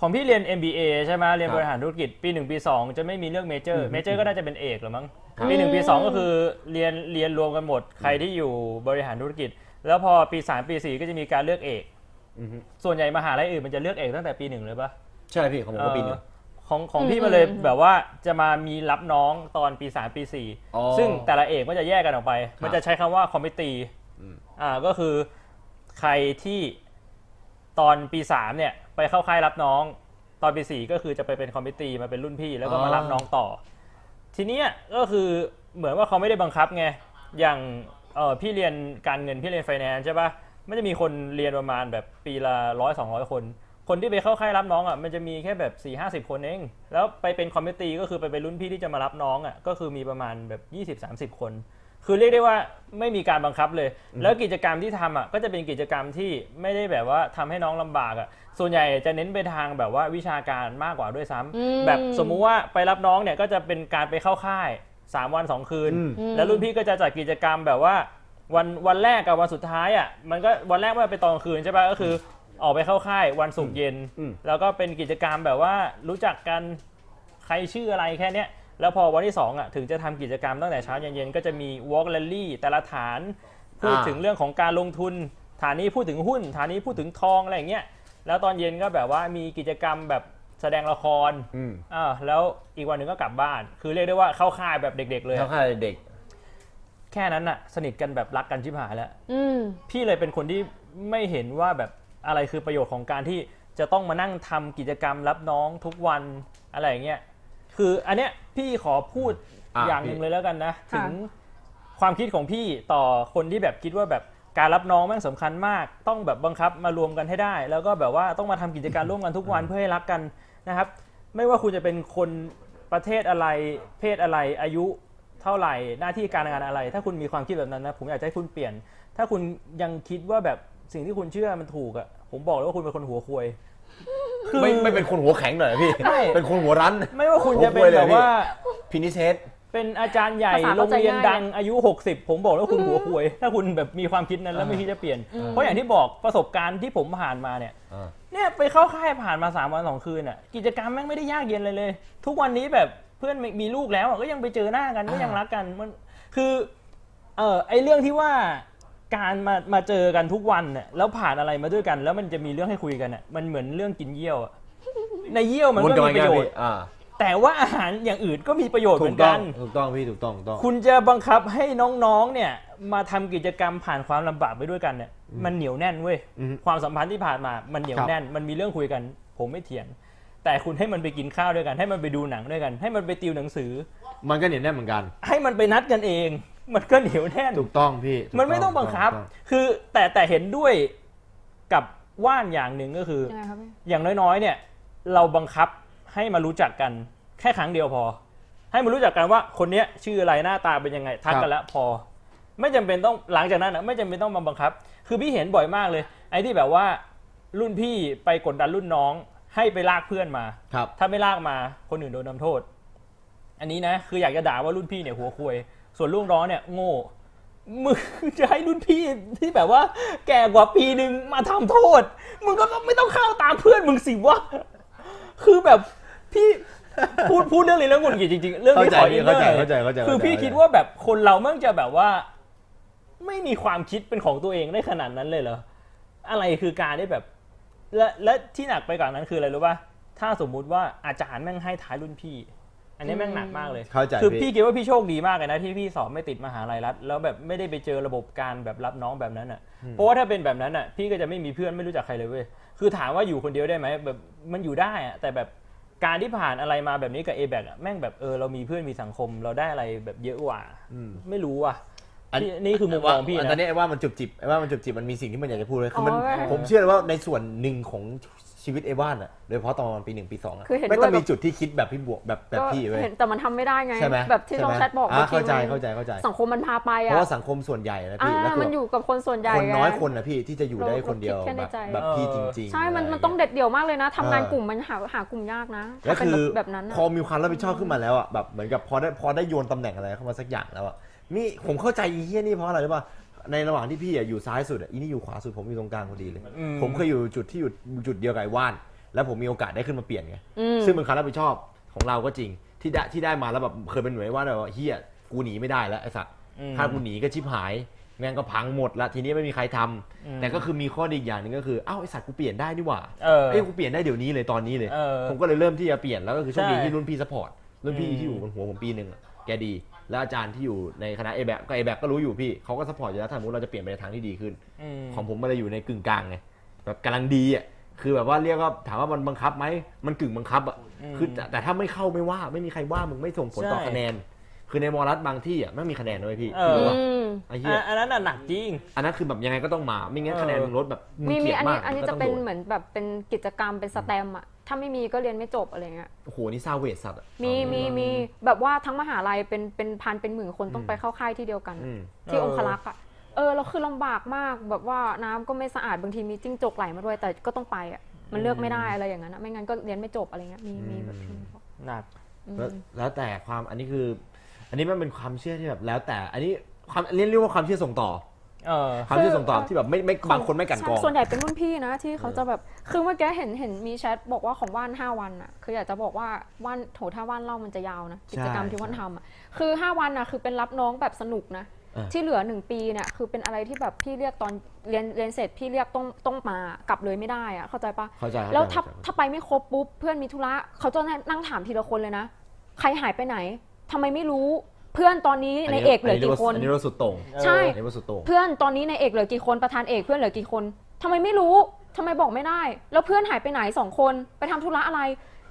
[SPEAKER 2] ของพี่เรียน MBA ใช่ไหมเรียน
[SPEAKER 1] ครับ
[SPEAKER 2] บริหารธุรกิจปี 1 ปี 2 จะไม่มีเรื่องเมเจอร์เมเจอร์ก็น่าจะเป็นเอกหรือมั้ง
[SPEAKER 1] ครับ
[SPEAKER 2] ปี 1 ปี 2 ก็คือเรียนเรียนรวมกันหมด ใครที่อยู่บริหารธุรกิจ แล้วพอปี 3 ปี 4 ก็จะมีการเลือกเอก
[SPEAKER 1] อือฮึ
[SPEAKER 2] ส่วนใหญ่มหาลัยอื่นมันจะเลือกเอกตั้งแต่ปีหนึ่งเลยปะ
[SPEAKER 1] ใช่พี่ของผมก็ปีหนึง
[SPEAKER 2] เออของของพี่
[SPEAKER 3] อืม
[SPEAKER 2] มาเลย
[SPEAKER 3] อืม
[SPEAKER 2] แบบว่าจะมามีรับน้องตอนปี 3 ปี
[SPEAKER 1] อ๋อ
[SPEAKER 2] 4 ซึ่งแต่ละเอกก็จะแยกกันออกไป
[SPEAKER 1] ครับ
[SPEAKER 2] มันจะใช้คำว่าคอมมิตี
[SPEAKER 1] อืม
[SPEAKER 2] อ่าก็คือใครที่ตอนปี 3 เนี่ยไปเข้าค่ายรับน้อง ตอนปี 4 ก็คือจะไปเป็นคอมมิตีมาเป็นรุ่นพี่แล้วก็มารับน้องต่อ ทีเนี้ยก็คือเหมือนว่าเขาไม่ได้บังคับไง อย่างเออพี่เรียนการเงินพี่เรียนไฟแนนซ์ใช่ปะมันจะมีคนเรียนประมาณแบบปีละร้อยสองร้อยคน คนที่ไปเข้าค่ายรับน้องอ่ะมันจะมีแค่แบบ4ี่ห้าสิบคนเอง แล้วไปเป็นคอมมิตี้ก็คือไปเป็นรุ่นพี่ที่จะมารับน้องอ่ะก็คือมีประมาณแบบ 20 30 คน คือเรียกได้ว่าไม่มีการบังคับเลย แล้วกิจกรรมที่ทำอ่ะก็จะเป็นกิจกรรมที่ไม่ได้แบบว่าทำให้น้องลำบากอ่ะส่วนใหญ่จะเน้นไปทางแบบว่าวิชาการมากกว่าด้วยซ้ำ
[SPEAKER 3] อืม
[SPEAKER 2] แบบสมมุติว่าไปรับน้องเนี่ยก็จะเป็นการไปเข้าค่าย 3 วัน 2 คืน
[SPEAKER 1] อืม
[SPEAKER 2] แล้วรุ่นพี่ก็จะจัดกิจกรรมแบบว่าวันวันแรกกับวันสุดท้ายอ่ะมันก็วันแรกมันไปนตอนกลางคืนใช่ปะก็คือออกไปเข้าค่ายวันศุกร์เย็น
[SPEAKER 1] อืม
[SPEAKER 2] แล้วก็เป็นกิจกรรมแบบว่ารู้จักกันใครชื่ออะไรแค่เนี้ยแล้วพอวันที่2อ่ะถึงจะทำกิจกรรมตั้งแต่เช้าเย็นๆก็จะมี walk rally แต่ละฐาน พูดถึงเรื่องของการลงทุน ฐานนี้พูดถึงหุ้น ฐานนี้พูดถึงทองอะไรอย่างเงี้ยแล้วตอนเย็นก็แบบว่ามีกิจกรรมแบบแสดงละคร
[SPEAKER 1] อืม
[SPEAKER 2] อ่าแล้วอีกวันหนึ่งก็กลับบ้าน คือเรียกได้ว่าเข้าค่ายแบบเด็ก ๆ เลยอะ
[SPEAKER 1] เข้าค่ายเด็ก
[SPEAKER 2] แค่นั้นน่ะสนิทกันแบบรักกันชิบหายแล้ว
[SPEAKER 3] อืม
[SPEAKER 2] พี่เลยเป็นคนที่ไม่เห็นว่าแบบอะไรคือประโยชน์ของการที่จะต้องมานั่งทำกิจกรรมรับน้องทุกวันอะไรอย่างเงี้ยคืออันเนี้ยพี่ขอพูด
[SPEAKER 1] อ่ะ
[SPEAKER 2] อย่าง
[SPEAKER 1] พี่
[SPEAKER 2] หนึ่งเลยแล้วกันนะ
[SPEAKER 3] ค่ะ
[SPEAKER 2] ถึงความคิดของพี่ต่อคนที่แบบคิดว่าแบบการรับน้องแม่งสำคัญมาก ต้องแบบบังคับมารวมกันให้ได้ แล้วก็แบบว่าต้องมาทำกิจการร่วมกันทุกวันเพื่อให้รักกันนะครับ ไม่ว่าคุณจะเป็นคนประเทศอะไรเพศอะไรอายุเท่าไหร่หน้าที่การงานอะไร ถ้าคุณมีความคิดแบบนั้นนะผมอยากจะให้คุณเปลี่ยน ถ้าคุณยังคิดว่าแบบสิ่งที่คุณเชื่อมันถูกอะ่ะผมบอกเลยว่าคุณเป็นคนหัวควย
[SPEAKER 1] ไม่ไม่เป็นคนหัวแข็งหน่อยเหรอพี่
[SPEAKER 2] ไม่
[SPEAKER 1] เป็นคนหัวรั้น
[SPEAKER 2] ไม่ว่าคุณจะเป็น
[SPEAKER 1] หัวควยเลย
[SPEAKER 2] แบบว่า
[SPEAKER 1] พี่ พินิเชษ
[SPEAKER 2] เป็นอาจารย์ใหญ่
[SPEAKER 3] ภาษา
[SPEAKER 2] โร
[SPEAKER 3] เข้างใจ
[SPEAKER 2] เรียน
[SPEAKER 3] ง่าย
[SPEAKER 2] ดังอายุ 60 ผมบอกแล้วคุณหัวควย ถ้าคุณแบบมีความคิดนั้นแล้วไม่คิดจะเปลี่ยน
[SPEAKER 3] อืม
[SPEAKER 2] เพราะอย่างที่บอกประสบการณ์ที่ผมผ่านมาเนี่ย
[SPEAKER 5] อ่า
[SPEAKER 2] เนี่ยไปเข้าค่ายผ่านมาสามวันสองคืนอ่ะกิจกรรมแม่งไม่ได้ยากเย็นเลยเลย ทุกวันนี้แบบเพื่อนมีลูกแล้วอะก็ยังไปเจอหน้ากันก็ยังรักกันมันคือเออไอเรื่องที่ว่าการมามาเจอกันทุกวันเนี่ยแล้วผ่านอะไรมาด้วยกัน แล้วมันจะมีเรื่องให้คุยกันอ่ะมันเหมือนเรื่องกินเยี่ยวอะในเยี่ยวมันก็มีประโยชน์
[SPEAKER 5] อ่า
[SPEAKER 2] แต่ว่าอาหารอย่างอื่นก็มีประโยชน์เห
[SPEAKER 1] ถู
[SPEAKER 2] มื
[SPEAKER 1] ก
[SPEAKER 2] อน
[SPEAKER 1] ต้
[SPEAKER 2] กั
[SPEAKER 1] อง
[SPEAKER 2] น
[SPEAKER 1] ถูกต้องพี่ถูกต้องถูกต้อง
[SPEAKER 2] คุณจะบังคับให้น้องๆ เนี่ยมาทำกิจกรรมผ่านความลำบากไปด้วยกันเนี่ยมันเหนียวแน่นเว้ย
[SPEAKER 1] อืม
[SPEAKER 2] ความสัมพันธ์ที่ผ่านมามันเหนียวแน่น มันมีเรื่องคุยกัน ผมไม่เถียง แต่คุณให้มันไปกินข้าวด้วยกัน ให้มันไปดูหนังด้วยกัน ให้มันไปติวหนังสือ
[SPEAKER 1] มันก็เหนียวแน่นเหมือนกัน
[SPEAKER 2] ให้มันไปนัดกันเอง มันก็เหนียวแน่น
[SPEAKER 1] ถูกต้องพี่ถูก
[SPEAKER 2] มันไม่ต้องบังคับ
[SPEAKER 1] ถูกต้
[SPEAKER 2] คือแต่แต่เห็นด้วยกับว่านอย่างหนึ่งก็คือ
[SPEAKER 3] ยังไงครับพี่
[SPEAKER 2] อย่างน้อยๆ เนี่ย เราบังคับให้มารู้จักกันแค่ครั้งเดียวพอ ให้มารู้จักกันว่าคนเนี้ยชื่ออะไรหน้าตาเป็นยังไงทักกันแล้วพอ ไม่จำเป็นต้องหลังจากนั้นนะไม่จำเป็นต้องมาบังคับ คือพี่เห็นบ่อยมากเลย ไอ้ที่แบบว่ารุ่นพี่ไปกดดันรุ่นน้อง ให้ไปลากเพื่อนมา
[SPEAKER 1] ครับ
[SPEAKER 2] ถ้าไม่ลากมาคนอื่นโดนทำโทษ อันนี้นะคืออยากจะด่าว่ารุ่นพี่เนี่ยหัวควย ส่วนลูกน้องเนี่ยโง่มึง จะให้รุ่นพี่ที่แบบว่า แก่กว่าปีหนึ่งมาทำโทษ มึงก็ไม่ต้องเข้าตามเพื่อนมึงสิวะคือแบบพี่พูดพูดเรื่องนี้แล้วหงุดหงิดจริงๆ เรื่องนี้
[SPEAKER 1] เข้าใจ
[SPEAKER 2] ขออินเนอร์
[SPEAKER 1] เข้าใจเข้าใจเข้าใจ
[SPEAKER 2] คือพี่
[SPEAKER 1] เข้าใจ
[SPEAKER 2] คิดว่าแบบคนเรามั่งจะแบบว่า ไม่มีความคิดเป็นของตัวเองได้ขนาดนั้นเลยเหรออะไรคือการได้แบบ และและที่หนักไปกว่านั้นคืออะไรรู้ป่ะ ถ้าสมมุติว่าอาจารย์แม่งให้ท้ายรุ่นพี่ อันนี้แม่งหนักมากเลย
[SPEAKER 1] เข้าใจ
[SPEAKER 2] คือ
[SPEAKER 1] พี่
[SPEAKER 2] พี่คิดว่าพี่โชคดีมากเลยนะที่พี่สอบไม่ติดมหาลัยรัฐแล้วแบบไม่ได้ไปเจอระบบการแบบรับน้องแบบนั้นอ่ะ เพราะว่าถ้าเป็นแบบนั้นอ่ะพี่ก็จะไม่มีเพื่อนไม่รู้จักใครเลยเว้ย คือถามว่าอยู่คนเดียวได้ไหมแบบมันอยู่ได้อ่ะแต่แบบการที่ผ่านอะไรมาแบบนี้กับ a b a c แม่งแบบเออเรามีเพื่อนมีสังคมเราได้อะไรแบบเยอะกว่า
[SPEAKER 1] อืม
[SPEAKER 2] ไม่รู้อ่ะ
[SPEAKER 1] อัน
[SPEAKER 2] พี่นี่คือมุมมองพี่
[SPEAKER 1] อั
[SPEAKER 2] นะ
[SPEAKER 1] ตอนนี้ไอ้ว่ามันจุบจิบไอ้ว่ามันจุบจิบมันมีสิ่งที่มันอยากจะพูดเลยคือมัน
[SPEAKER 3] อ๋อ
[SPEAKER 1] ผมเชื่อเลยว่าในส่วนหนึ่งของชีวิตไอ้ว่านอะโดยเฉพาะตอนประมาณปีหนึ่งปีสองอะ
[SPEAKER 3] คือเห็น
[SPEAKER 1] ไม่ต้อง
[SPEAKER 3] ด้วยกับ
[SPEAKER 1] มีจุดที่คิดแบบพี่บวกแบบแบบ
[SPEAKER 3] ก็
[SPEAKER 1] พี่เว้ย
[SPEAKER 3] เห็นแต่มันทำไม่ได้ไง
[SPEAKER 1] ใช่ไหม
[SPEAKER 3] แบบที่น้อง
[SPEAKER 1] ใช่ไหม
[SPEAKER 3] แชทบอก
[SPEAKER 1] อ่ะ
[SPEAKER 3] เมื่อ
[SPEAKER 1] เข้า
[SPEAKER 3] กี้
[SPEAKER 1] ใจ
[SPEAKER 3] มัน
[SPEAKER 1] เข้าใจเข้าใจ
[SPEAKER 3] สังคมมันพาไป
[SPEAKER 1] เพ
[SPEAKER 3] อ่ะ
[SPEAKER 1] ราะว่าสังคมส่วนใหญ่นะ
[SPEAKER 3] อ่า
[SPEAKER 1] พี่แล้วคือ
[SPEAKER 3] มัน
[SPEAKER 1] แบบ
[SPEAKER 3] อยู่กับคนส่วนใหญ่
[SPEAKER 1] คนน้อย
[SPEAKER 3] ไง
[SPEAKER 1] คนนะพี่ที่จะอยู่ได้คนเดียว
[SPEAKER 3] เราคิดแค่ใน
[SPEAKER 1] แบบ
[SPEAKER 3] ใจ
[SPEAKER 1] แบบพี่จริงๆ
[SPEAKER 3] ใช่ มัน
[SPEAKER 1] อะไร
[SPEAKER 3] มันต้องเด็ดเดี่ยวมากเลยนะทำงาน
[SPEAKER 1] เออ
[SPEAKER 3] กลุ่มมันหาหากลุ่มยากนะ
[SPEAKER 1] แล้ว
[SPEAKER 3] ถ้าเป็น
[SPEAKER 1] คือ
[SPEAKER 3] แบบนั้นอะ
[SPEAKER 1] พอมีความรับผิดชอบขึ้นมาแล้วอ่ะแบบเหมือนกับพอได้พอได้โยนตำแหน่งอะไรเข้ามาสักอย่างแล้วอ่ะนี่ผมเข้าใจอีเหี้ยนี่เพราะอะไรรู้ป่ะในระหว่างที่พี่อ่ะอยู่ซ้ายสุดอ่ะอีนี่อยู่ขวาสุดผมอยู่ตรงกลางพอดีเลย
[SPEAKER 2] อืม
[SPEAKER 1] ผมเคยอยู่จุดที่อยู่จุดเดียวกับไอ้ว่าน แล้วผมมีโอกาสได้ขึ้นมาเปลี่ยนไง
[SPEAKER 3] อืม
[SPEAKER 1] ซึ่งเป็นความรับผิดชอบของเราก็จริงที่ได้ที่ได้มาแล้วแบบเคยเป็นหน่วยว่าแบบว่าเฮียกูหนีไม่ได้แล้วไอ้สัตว์
[SPEAKER 2] อืม
[SPEAKER 1] ถ้ากูหนีก็ชิบหายแม่งก็พังหมดละทีนี้ไม่มีใครทำ
[SPEAKER 2] อืม
[SPEAKER 1] แต่ก็คือมีข้อดีอีกอย่างหนึงก็คืออ้าวไอ้สัตว์กูเปลี่ยนได้นี่หว่า
[SPEAKER 2] เออ
[SPEAKER 1] เอ้ยกูเปลี่ยนได้เดี๋ยวนี้เลยตอนนี้เลย
[SPEAKER 2] เออ
[SPEAKER 1] ผมก็เลยเริ่มที่จะเปลี่ยนแล้วก็คือโชคดี
[SPEAKER 2] ใช่
[SPEAKER 1] ที่รุ่นพี่สปอร์ตรุ่นพี่
[SPEAKER 2] อืม
[SPEAKER 1] ที่อยู่บนหัวผมปีหนึ่งอะแกดี แล้วอาจารย์ที่อยู่ในคณะเอแบก็เอแบก็รู้อยู่พี่เขาก็สปอร์ตอยู่แล้วถ้าสมมติเราจะเปลี่ยนไปในทางที่ดีขึ้น
[SPEAKER 2] ม
[SPEAKER 1] ของผมมันเลยอยู่ในกึ่งกลางไงแบบกำลังดีอ่ะคือแบบว่าเรียกว่าถามว่ามันบังคับไหมมันกึ่งบังคับอ่ะ
[SPEAKER 2] อืม
[SPEAKER 1] คือแต่แต่ถ้าไม่เข้าไม่ว่าไม่มีใครว่ามึงไม่ส่งผลต่อ
[SPEAKER 2] ใช่
[SPEAKER 1] คะแนน คือในมอรัฐบางที่อ่ะไม่มีคะแนนด้วยพี่
[SPEAKER 2] เอ
[SPEAKER 1] คือ
[SPEAKER 2] อ
[SPEAKER 1] ว่า
[SPEAKER 3] อืม
[SPEAKER 1] ไอ้เหี้ย
[SPEAKER 2] อ่ะอันนั้นน่ะหนักจริง
[SPEAKER 1] อันนั้นคือแบบยังไงก็ต้องมาไม่งั้นคะแนนมึงลดแบบมึง
[SPEAKER 3] มี
[SPEAKER 1] เกลี
[SPEAKER 3] มี
[SPEAKER 1] ยด
[SPEAKER 3] อัน
[SPEAKER 1] มา
[SPEAKER 3] นี้
[SPEAKER 1] ก
[SPEAKER 3] อันนี้
[SPEAKER 1] มึงก็
[SPEAKER 3] จะ
[SPEAKER 1] ต้อง
[SPEAKER 3] เป็น
[SPEAKER 1] โดด
[SPEAKER 3] เหมือนแบบเป็นกิจกรรมเป็นสแตมป์อะถ้าไม่มีก็เรียนไม่จบอะไรเงี้ย
[SPEAKER 1] โอ้โหนี่ซาเวทสัตว์อะ
[SPEAKER 3] มีมีมีแบบว่าทั้งมหาลัยเป็นเป็นพันเป็นหมื่นคนต้องไปเข้าค่ายที่เดียวกัน
[SPEAKER 1] อืม
[SPEAKER 3] ที่
[SPEAKER 2] เอ
[SPEAKER 3] อ
[SPEAKER 2] อ
[SPEAKER 3] งคลักษ์อะเออเราคือลำบากมากแบบว่าน้ำก็ไม่สะอาดบางทีมีจิ้งจกไหลมาด้วยแต่ก็ต้องไปอะมันเลือกไม่ได้อะไรอย่างนั้นอะไม่งั้นก็เรียนไม่จบอะไรเงี้ยมีมีแบบที่บอก
[SPEAKER 2] หนัก
[SPEAKER 3] อืม
[SPEAKER 1] แล้วแล้วแต่ความอันนี้คือ อันนี้มันเป็นความเชื่อที่แบบแล้วแต่อันนี้ความเรียกเรียกว่าความเชื่อส่งต่อ
[SPEAKER 2] เออ
[SPEAKER 1] ความเชื่อส่งต่อ
[SPEAKER 3] เออ
[SPEAKER 1] ที่แบบไม่ไม่บางคนไม่กลันกรอง
[SPEAKER 3] ใช่ส่วนใหญ่เป็นรุ่นพี่นะที่เขาจะแบบ คือเมื่อกี้เห็นเห็นมีแชทบอกว่าของว่าน5วันอ่ะ คืออยากจะบอกว่าว่านโถถ้าว่านเล่ามันจะยาวนะ กิจกรรม
[SPEAKER 1] ใช่
[SPEAKER 3] ที่ว่านทำอ่ะ คือ 5 วันอ่ะคือเป็นรับน้องแบบสนุกนะ
[SPEAKER 1] เออ
[SPEAKER 3] ที่เหลือ 1 ปีเนี่ยคือเป็นอะไรที่แบบพี่เรียกตอนเรียนเรียนเสร็จพี่เรียกต้องต้องมากลับเลยไม่ได้อ่ะเข้าใจปะ
[SPEAKER 1] เข้าใจเข้าใจ
[SPEAKER 3] แล้วถ้า
[SPEAKER 1] เข้ใจ
[SPEAKER 3] ถ้าไปไม่ครบปุ๊บเพื่อนมีธุระเขาจะนั่งถามทีละคนเลยนะ ใครหายไปไหนทำไมไม่รู้เพื่อนตอนนี้ในเอกเหลือกี่คน
[SPEAKER 1] อันนี้เราสุดโต่ง
[SPEAKER 3] ใช่
[SPEAKER 1] อันนี้เราสุดโต่ง
[SPEAKER 3] เพื่อนตอนนี้ในเอกเหลือกี่คนประธานเอกเพื่อนเหลือกี่คนทำไมไม่รู้ทำไมบอกไม่ได้ แล้วเพื่อนหายไปไหนสองคนไปทำธุระอะไร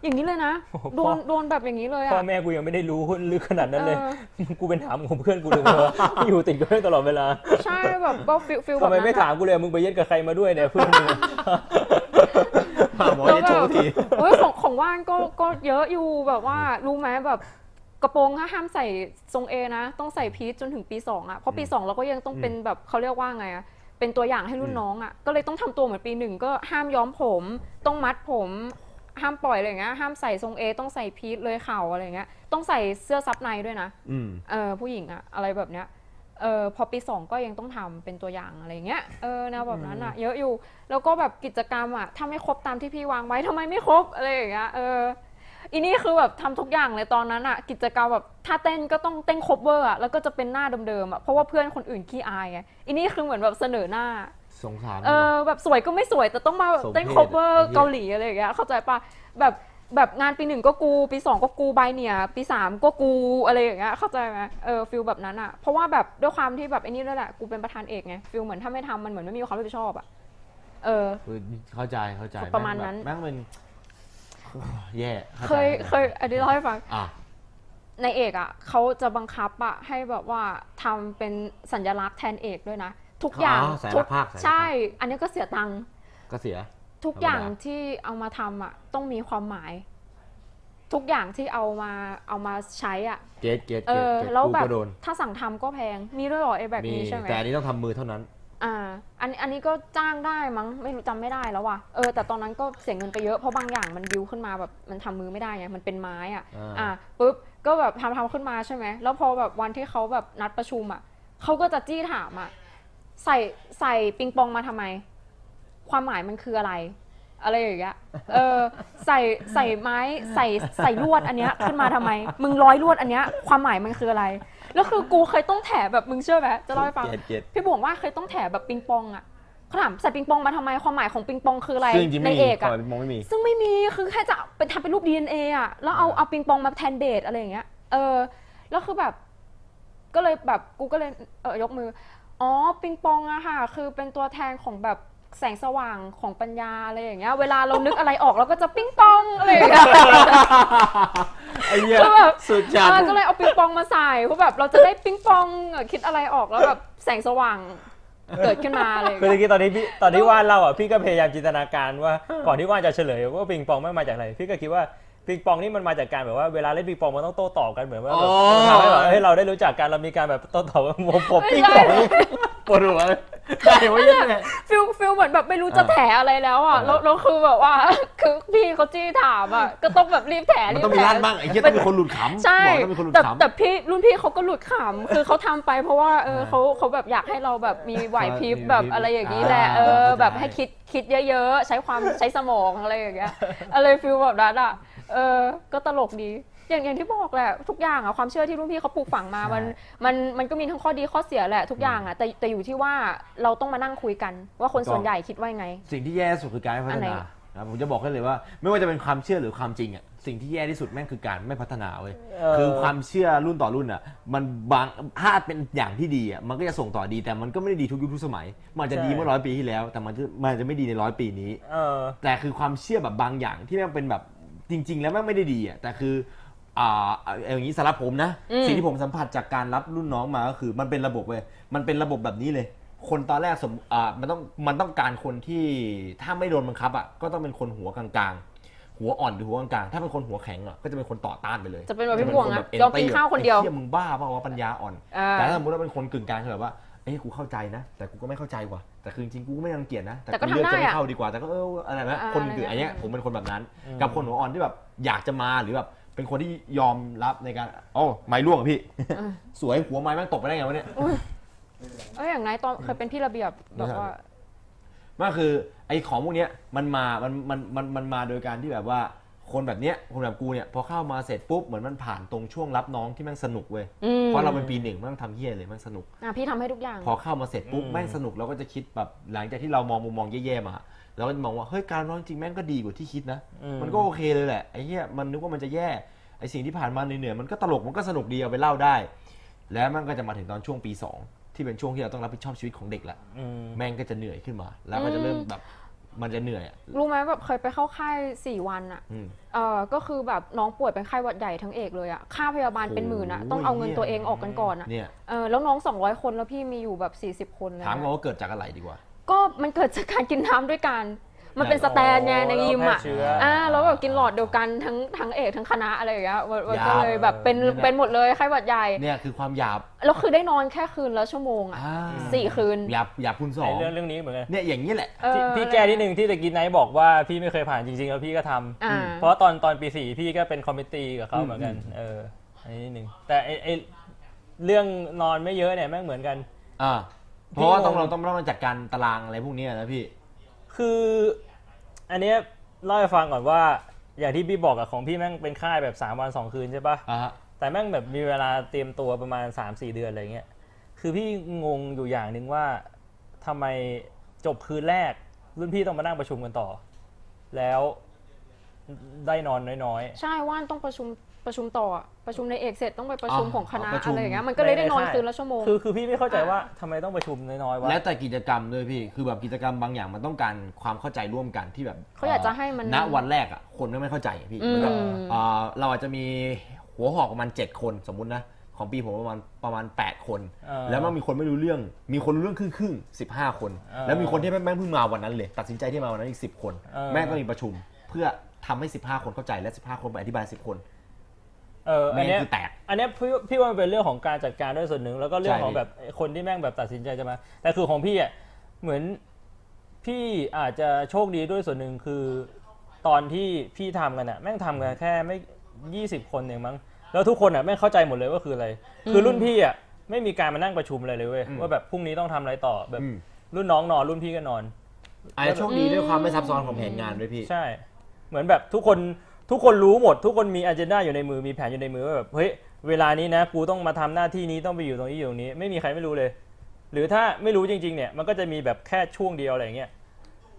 [SPEAKER 3] อย่างนี้เลยนะ
[SPEAKER 2] โอ้โห
[SPEAKER 3] โดนโดนแบบอย่างนี้เลย
[SPEAKER 2] พ่อ
[SPEAKER 3] อ่ะ
[SPEAKER 2] แม่กูยังไม่ได้รู้ลึกขนาดนั้นเลย
[SPEAKER 3] เอ
[SPEAKER 2] กูเป็นถามของเพื่อนกูเลย ว่าอยู่ติดกับเพื่อนตลอดเวลา
[SPEAKER 3] ใช่แบบก็ฟิลฟิลแบ
[SPEAKER 2] ทำ
[SPEAKER 3] บ
[SPEAKER 2] ไม
[SPEAKER 3] นั้น
[SPEAKER 2] ไม่ถาม
[SPEAKER 3] อะ
[SPEAKER 2] กูเลยมึงไปเย็ดกับใครมาด้วย เนี่ยเพื่อนมึง
[SPEAKER 1] หาหมอ
[SPEAKER 3] แล้ว
[SPEAKER 1] จะโช
[SPEAKER 3] แบบ
[SPEAKER 1] ว์ที
[SPEAKER 3] เอ้ยของของว่างก็ก็เยอะอยู่แบบว่ารู้ไหมแบบกระโปรงห้ามใส่ทรงเอนะ ต้องใส่พีชจนถึงปีสองอ่ะเพราะปีสองเราก็ยังต้องเป็นแบบเขาเรียกว่าไงอ่ะเป็นตัวอย่างให้รุ่นน้องอ่ะก็เลยต้องทำตัวเหมือนปีหนึ่งก็ห้ามย้อมผม ต้องมัดผม ห้ามปล่อยอะไรอย่างเงี้ยห้ามใส่ทรงเอต้องใส่พีทเลยเข่าอะไรอย่างเงี้ยต้องใส่เสื้อซับในด้วยนะ
[SPEAKER 1] อืม
[SPEAKER 3] เออผู้หญิงอะอะไรแบบเนี้ยเออพอปีสองก็ยังต้องทำเป็นตัวอย่างอะไรอย่างเงี้ยเออแนวแบบนั้นอะเยอะอยู่ แล้วก็แบบกิจกรรมอะถ้าไม่ครบตามที่พี่วางไว้ทำไมไม่ครบอะไรอย่างเงี้ยเอออีนี่คือแบบทำทุกอย่างเลยตอนนั้นอะกิจกรรมแบบถ้าเต้นก็ต้องเต้นครบเวอร์อะแล้วก็จะเป็นหน้าเดิมๆอะเพราะว่าเพื่อนคนอื่นขี้อายไงอีนี่คือเหมือนแบบเสนอหน้า
[SPEAKER 1] สงสาร
[SPEAKER 3] เออแบบสวยก็ไม่สวยแต่ต้องมาแบบ
[SPEAKER 1] สมเพศ
[SPEAKER 3] เต้น cover
[SPEAKER 1] ไอ้เหี้ย
[SPEAKER 3] เกาหลีอะไรอย่างเงี้ยเข้าใจปะแบบแบบงานปีหนึ่งก็กูปีสองก็กูใบเนี่ยปีสามก็กูอะไรอย่างเงี้ยเข้าใจไหมเออฟิลแบบนั้นอะเพราะว่าแบบด้วยความที่แบบไอ้นี่ด้วยแหละกูเป็นประธานเอกไงฟิลเหมือนถ้าไม่ทำมันเหมือนไม่มีความรับผิดชอบอะเออ
[SPEAKER 1] เออเข้าใจเข้าใจ
[SPEAKER 3] ประมาณนั้น
[SPEAKER 1] แงแบบแม่งเป็นแย่ข้าใจ
[SPEAKER 3] เคยเคยอันนี้เล่าให้ฟัง
[SPEAKER 1] อ่ะ
[SPEAKER 3] ในเอกอะ่ะเขาจะบังคับอะให้แบบว่าทำเป็นสัญลักษณ์แทนเอกด้วยนะ ทุกอย่าง
[SPEAKER 1] อ๋อสาย
[SPEAKER 3] ทุ
[SPEAKER 1] รักภาคสายรักภาค
[SPEAKER 3] ใช่ อันนี้ก็เสียตังค์
[SPEAKER 1] ก็เสีย
[SPEAKER 3] ทุก
[SPEAKER 1] ธรรมดา
[SPEAKER 3] อย่างที่เอามาทำอ่ะต้องมีความหมาย ทุกอย่างที่เอามาเอามาใช้อ่ะ
[SPEAKER 1] เกตเกต
[SPEAKER 3] เอ
[SPEAKER 1] เกต
[SPEAKER 3] อ
[SPEAKER 1] เกต
[SPEAKER 3] แล้ว
[SPEAKER 1] กู
[SPEAKER 3] แบบ
[SPEAKER 1] ก็โดน
[SPEAKER 3] ถ้าสั่งทำก็แพง มีด้วยเหรอไอ้แบบ
[SPEAKER 1] มี
[SPEAKER 3] นี้ใช่ไหม
[SPEAKER 1] แต่อันนี้ต้องทำมือเท่านั้น
[SPEAKER 3] อ่าอันอันนี้ก็จ้างได้มั้งไม่รู้จำไม่ได้แล้วว่ะเออแต่ตอนนั้นก็เสียเงินไปเยอะเพราะบางอย่างมันบิวขึ้นมาแบบมันทำมือไม่ได้ไงมันเป็นไม้อ่ะ
[SPEAKER 1] อ่า
[SPEAKER 3] ปุ๊บก็แบบทำทำขึ้นมาใช่ไหมแล้วพอแบบวันที่เขาแบบนัดประชุมอ่ะเขาก็จะจี้ถามอ่ะใส่ใส่ปิงปองมาทำไม ความหมายมันคืออะไร อะไรอย่างเงี้ย เออ ใส่ใส่ไม้ใส่ใส่ลวดอันเนี้ยขึ้นมาทำไม มึงร้อยลวดอันเนี้ยความหมายมันคืออะไร แล้วคือกูเคยต้องแถแบบมึงเชื่อไหมจะเล่าให้ฟัง
[SPEAKER 1] เกตเกต
[SPEAKER 3] พี่บุ๋มว่าเคยต้องแถแบบปิงปองอ่ะเขาถามใส่ปิงปองมาทำไมความหมายของปิงปองคืออะไร
[SPEAKER 6] ซึ่งจริงๆ
[SPEAKER 3] ใน
[SPEAKER 6] ไม่มี
[SPEAKER 3] เอก
[SPEAKER 6] ค
[SPEAKER 3] อ่ะ
[SPEAKER 6] วามมองไม่มี
[SPEAKER 3] ซึ่งไม่มีคือแค่จะไปทำเป็นรูป DNA อ่ะแล้วเอาเอาปิงปองมาแทนเดทอะไรอย่างเงี้ย เออ แล้วคือแบบ ก็เลยแบบกูก็เลยเออยกมือ อ๋อปิงปองอะค่ะ คือเป็นตัวแทนของแบบแสงสว่างของปัญญาอะไรอย่างเงี้ย เวลาเรานึกอะไรออกเราก็จะปิงปองอะไรอย่างเงี้ย
[SPEAKER 1] ไอ้เหี้ย
[SPEAKER 3] ก็แบบ
[SPEAKER 1] สุดจัด
[SPEAKER 3] เออก็เลยเอาปิงปองมาใส่เพราะแบบเราจะได้ปิงปองเออคิดอะไรออกแล้วแบบแสงสว่างเกิดขึ้นมาอะไรอย่าง
[SPEAKER 2] คือ
[SPEAKER 3] เงี้ย
[SPEAKER 2] ตะกี้ตอนนี้พี่ตอนที่ว่านเล่าอ่ะพี่ก็พยายามจินตนาการว่าก่อนที่ว่านจะเฉลยว่าปิงปองไม่งมาจากอะไรพี่ก็คิดว่าปิงปองนี่มันมาจากการแบบว่าเวลาเล่นปิงปองมันต้องโต้ตอบกันเหมือนว่าแบบ
[SPEAKER 1] อ๋อ
[SPEAKER 2] ทำให้แบบให้เราได้รู้จักกันเรามีการแบบโต้ตอบว่าผมผม
[SPEAKER 3] ไม่
[SPEAKER 2] ปิง
[SPEAKER 3] ใช่
[SPEAKER 2] ปอง
[SPEAKER 1] ปวดหัวเลยได้วะเนี่ย
[SPEAKER 3] ฟิลฟิลเหมือนแบบไม่รู้จะ
[SPEAKER 1] อ่า
[SPEAKER 3] แถอะไรแล้วอ่ะแล้วแล้วคือแบบว่า คือพี่เขาจี้ถามอ่ะก็ต้องแบบรีบแถ
[SPEAKER 1] มัน
[SPEAKER 3] รีบ
[SPEAKER 1] ต้องมี
[SPEAKER 3] แถ
[SPEAKER 1] ร้านบ้างไอ้เหี้ยต้องมีคนหลุดขำ
[SPEAKER 3] ใช่
[SPEAKER 1] บอกต้องมีคนหลุด
[SPEAKER 3] แต่
[SPEAKER 1] ขำ
[SPEAKER 3] แต่พี่รุ่นพี่เขาก็หลุดขำคือเขาทำไปเพราะว่าเออ
[SPEAKER 1] อ่า
[SPEAKER 3] เขาเขาแบบอยากให้เราแบบมีไหวพริบ
[SPEAKER 1] มี
[SPEAKER 3] แบบ
[SPEAKER 1] มี
[SPEAKER 3] อะไรอย่างนี้แหละ
[SPEAKER 1] อ่า
[SPEAKER 3] เออ
[SPEAKER 1] เข้าใจ
[SPEAKER 3] แบบให้คิดคิดเยอะๆ ใช้ความใช้สมองอะไรอย่างเงี้ยอะไรฟิลแบบนั้นอ่ะเออก็ตลกดีอย่างอย่างที่บอกแหละทุกอย่างอ่ะความเชื่อที่รุ่นพี่เขาปลูกฝังมามัน มันมันก็มีทั้งข้อดีข้อเสียแหละทุกอย่างอ่ะแต่แต่อยู่ที่ว่าเราต้องมานั่งคุยกัน ว่าคนส่วนใหญ่คิดว่ายังไง
[SPEAKER 1] สิ่งที่แย่ที่สุดคือการไม่พัฒนา
[SPEAKER 3] อันไหน
[SPEAKER 1] ครับผมจะบอกให้เลยว่า ไม่ว่าจะเป็นความเชื่อหรือความจริงอ่ะสิ่งที่แย่ที่สุดแม่งคือการไม่พัฒนาเว้ยคือความเชื่อรุ่นต่อรุ่นอ่ะมันบางถ้าเป็นอย่างที่ดีอ่ะมันก็จะส่งต่อดีแต่มันก็ไม่ได้ดีทุกยุคทุกสมัย มันอาจจะดีเมื่อร้อยปีที่แล้ว แต่มันจะมันอาจจะไม่ดีในร้อยปีนี้
[SPEAKER 2] เออ
[SPEAKER 1] แต่คือความเชื่อแบบบางอย่างที่แม่งเป็นแบบจริง ๆ แล้วแม่งไม่ได้ดีอ่ะแต่คืออ่าเอาอย่างนี้สำหรับผมนะ
[SPEAKER 3] อืม
[SPEAKER 1] สิ่งที่ผมสัมผัสจากการรับรุ่นน้องมาก็คือมันเป็นระบบเว้ยมันเป็นระบบแบบนี้เลย คนตอนแรกสมอ่ามันต้องมันต้องการคนที่ถ้าไม่โดนบังคับอ่ะก็ต้องเป็นคนหัวกลางๆ หัวอ่อนหรือหัวกลางๆถ้าเป็นคนหัวแข็งอ่ะก็จะเป็นคนต่อต้านไปเลย
[SPEAKER 3] จะเป็นแบบพี่
[SPEAKER 1] ค
[SPEAKER 3] พวง
[SPEAKER 1] แบ
[SPEAKER 3] อะ
[SPEAKER 1] บ
[SPEAKER 3] ยอมกิน
[SPEAKER 1] anti
[SPEAKER 3] ข้าวคนเดียว
[SPEAKER 1] ไอ้เฮียมึงบ้าเปล่าวะปัญญาอ่อน
[SPEAKER 3] อ่า
[SPEAKER 1] แต่ถ้าสมมติว่าเป็นคนกึ่งกลางคือแบบว่าเอ้ยกูเข้าใจนะ แต่กูก็ไม่เข้าใจว่ะแต่คือจริงๆกูก็ไม่รังเกียจนะ
[SPEAKER 3] แต่ก็
[SPEAKER 1] กูเลืก
[SPEAKER 3] ทำได้
[SPEAKER 1] จะไม่
[SPEAKER 3] อะ
[SPEAKER 1] เข้าดีกว่าแต่ก็เอออะไรนะ
[SPEAKER 3] อ่า
[SPEAKER 1] คนอื่น
[SPEAKER 3] อะไร
[SPEAKER 1] อันเนี้ย
[SPEAKER 3] เงี้ย
[SPEAKER 1] ผมเป็นคนแบบนั้น
[SPEAKER 2] อืม
[SPEAKER 1] กับคนหัวอ่อนที่แบบอยากจะมาหรือแบบเป็นคนที่ยอมรับในการโอ้าไม้ร่วงเหรอพี่ สวยหัวไม้แม่งตกไปได้ไงวะเนี่ย
[SPEAKER 3] เอออย่างนายตอนเคยเป็นพี่ระเบียบแบบว่า
[SPEAKER 1] มันคือไอ้ของพวกเนี้ยมันมา มัน มัน มัน มันมาโดยการที่แบบว่าคนแบบเนี้ยคนแบบกูเนี่ยพอเข้ามาเสร็จปุ๊บเหมือนมันผ่านตรงช่วงรับน้องที่แม่งสนุกเว้ย
[SPEAKER 3] อืม
[SPEAKER 1] เพราะเราเป็นปีหนึ่งแม่งทำเฮี้ยเลยแม่งสนุก
[SPEAKER 3] อ่ะพี่ทำให้ทุกอย่าง
[SPEAKER 1] พอเข้ามาเสร็จปุ๊บแม่งสนุกเราก็จะคิดแบบหลังจากที่เรามองมุมมองแย่ๆมาเราก็จะมองว่าเฮ้ยการร้องจริงแม่งก็ดีกว่าที่คิดนะ
[SPEAKER 2] อืม
[SPEAKER 1] มันก็โอเคเลยแหละไอ้เหี้ยมันนึกว่ามันจะแย่ไอ้สิ่งที่ผ่านมาเหนื่อยๆมันก็ตลกมันก็สนุกดีเอาไปเล่าได้ แล้วมันก็จะมาถึงตอนช่วงปีสองที่เป็นช่วงที่เราต้องรับผิดชอบชีวิตของเด็กละ
[SPEAKER 2] อืม
[SPEAKER 1] แม่งก็จะเหนื่อยขึ้นมา แล้วก็จะเริ่มแบบมันจะเหนื่อยอะ
[SPEAKER 3] รู้ไหมแบบเคยไปเข้าค่ายสี่วันอ่ะ
[SPEAKER 1] อืม
[SPEAKER 3] เออก็คือแบบน้องป่วยเป็นไข้หวัดใหญ่ทั้งเอกเลยอ่ะค่าพยาบาลเป็นหมื่นอ่ะ
[SPEAKER 1] โอ้ย
[SPEAKER 3] ต้องเอาเงินตัวเองออกกันก่อนอ่ะ
[SPEAKER 1] เนี่ย
[SPEAKER 3] เออแล้วน้อง 200 คนแล้วพี่มีอยู่แบบ 40 คนเลย
[SPEAKER 1] ถาม
[SPEAKER 3] นะ
[SPEAKER 1] ก่อนว่าเกิดจากอะไรดีกว่า
[SPEAKER 3] ก็มันเกิดจากการกินน้ำด้วยกัน มันเป็นสแตนไงในยิมอ่ะ
[SPEAKER 2] แพร่เชื้อ
[SPEAKER 3] อ่าแล้วแบบกินหลอดเดียวกันทั้งทั้งเอกทั้งคณะอะไรอย่างเงี้ยมันมันก็
[SPEAKER 1] ยาว
[SPEAKER 3] เลยแบบเป็น
[SPEAKER 1] เลยนะ
[SPEAKER 3] เป็นหมดเลยไข้หวัดใหญ่
[SPEAKER 1] เนี่ยคือความหยาบ
[SPEAKER 3] แล้วคือได้นอนแค่คืนละชั่วโมงอ่ะ
[SPEAKER 1] อ่า
[SPEAKER 3] สี่คืน
[SPEAKER 1] หยาบหยาบคุณสอ
[SPEAKER 2] ไอ้
[SPEAKER 1] ง
[SPEAKER 2] เรื่องเรื่องนี้เหมือนกัน
[SPEAKER 1] เนี่ยอย่างนี้แหละ
[SPEAKER 3] เออ
[SPEAKER 2] ที่ที่แกนิดนึงที่ตะกี้ไนท์บอกว่าพี่ไม่เคยผ่านจริงๆแล้วพี่ก็ทำ
[SPEAKER 3] อ่า
[SPEAKER 2] เพราะตอนตอนปีสี่พี่ก็เป็นคอมมิตตี้กับเขาเหมือนกัน
[SPEAKER 1] อืม
[SPEAKER 2] เอออันนี้นิดนึงแต่ไอไอเรื่องนอนไม่เยอะเนี่ยแม่งเหมือนกัน
[SPEAKER 1] อ่าเพราะว่า
[SPEAKER 2] พี่
[SPEAKER 1] ต้อง
[SPEAKER 2] งง
[SPEAKER 1] เราต้องต้องจัดการตารางอะไรพวกเนี้ยนะพี่
[SPEAKER 2] คือ อันเนี้ยเล่าให้ฟังก่อนว่า อย่างที่พี่บอกอะของพี่แม่งเป็นค่ายแบบ 3 วัน 2 คืนใช่ปะ
[SPEAKER 1] อ่าฮะ
[SPEAKER 2] แต่แม่งแบบมีเวลาเตรียมตัวประมาณ 3-4 เดือนอะไรเงี้ยคือพี่งงอยู่อย่างหนึ่งว่าทำไมจบคืนแรก รุ่นพี่ต้องมานั่งประชุมกันต่อ แล้วได้นอนน้อยๆ
[SPEAKER 3] ใช่ว่านต้องประชุมประชุมต่ออะประชุมในเอกเสร็จต้องไปประชุม
[SPEAKER 1] อ๋อ
[SPEAKER 3] ของคณะ
[SPEAKER 1] อ๋อประชุม
[SPEAKER 3] อะไรอย่างเงี้ยมันก็เลยได้นอน
[SPEAKER 2] ใช่
[SPEAKER 3] คืนละชั่วโมง
[SPEAKER 2] คือคือพี่ไม่เข้าใจว่าทำไมต้องประชุมน้อยๆวะ
[SPEAKER 1] แล้วแต่กิจกรรมด้วยพี่ คือแบบกิจกรรมบางอย่างมันต้องการความเข้าใจร่วมกันที่แบบ
[SPEAKER 3] เขาอยากจะให้มัน
[SPEAKER 1] ณวันแรกอ่ะคนไม่ไม่เข้าใจอะพี่
[SPEAKER 3] อืม
[SPEAKER 1] เหมือนกับเอ่อเราอาจจะมีหัวหอกประมาณ 7 คนสมมุตินะ ของปีผมประมาณประมาณ 8 คน
[SPEAKER 2] เออ
[SPEAKER 1] แล้วมันมีคนไม่รู้เรื่อง มีคนรู้เรื่องครึ่งครึ่งสิบห้าคน
[SPEAKER 2] เออ
[SPEAKER 1] แล้วมีคนที่แม่งเพิ่งมาวันนั้นเลย ตัดสินใจที่มาวันนั้นอีกสิบคน
[SPEAKER 2] เออ
[SPEAKER 1] แม่งก็มีประชุม เพื่อทำให้ 15 คนเข้าใจและ 15 คนไปอธิบาย 10 คน
[SPEAKER 2] เอออั
[SPEAKER 1] แม่
[SPEAKER 2] น
[SPEAKER 1] ง
[SPEAKER 2] เนี้ย
[SPEAKER 1] คือแตก
[SPEAKER 2] อันเนี้ยพี่พี่ว่ามันเป็นเรื่องของการจัดการด้วยส่วนหนึ่ง แล้วก็เรื่องของ
[SPEAKER 1] ใช่
[SPEAKER 2] แบบคนที่แม่งแบบตัดสินใจจะมา แต่คือของพี่อ่ะเหมือนพี่อาจจะโชคดีด้วยส่วนหนึ่งคือ ตอนที่พี่ทำกันอ่ะแม่งทำกันแค่ไม่ยี่สิบคนเองมั้งแล้วทุกคนอ่ะแม่งเข้าใจหมดเลยว่าคืออะไร คือรุ่นพี่อ่ะไม่มีการมานั่งประชุมอะไรเลยเว้ยว่าแบบพรุ่งนี้ต้องทำอะไรต่อแบบ
[SPEAKER 1] อืม
[SPEAKER 2] รุ่นน้องนอนรุ่นพี่ก็นอน
[SPEAKER 1] อาจจะโชคดีด้วยความไม่ซับซ้อนของแผนงานด้วยพี่
[SPEAKER 2] ใช่ เหมือนแบบทุกคนทุกคนรู้หมด ทุกคนมีอ g เจนดาอยู่ในมือมีแผนอยู่ในมือว่าแบบเฮ้ยเวลานี้นะกูต้องมาทำหน้าที่นี้ต้องไปอยู่ตรงนี้อยู่ตรงนี้ ไม่มีใครไม่รู้เลย หรือถ้าไม่รู้จริง ๆ เนี่ยมันก็จะมีแบบแค่ช่วงเดียวอะไรอย่างเงี้ย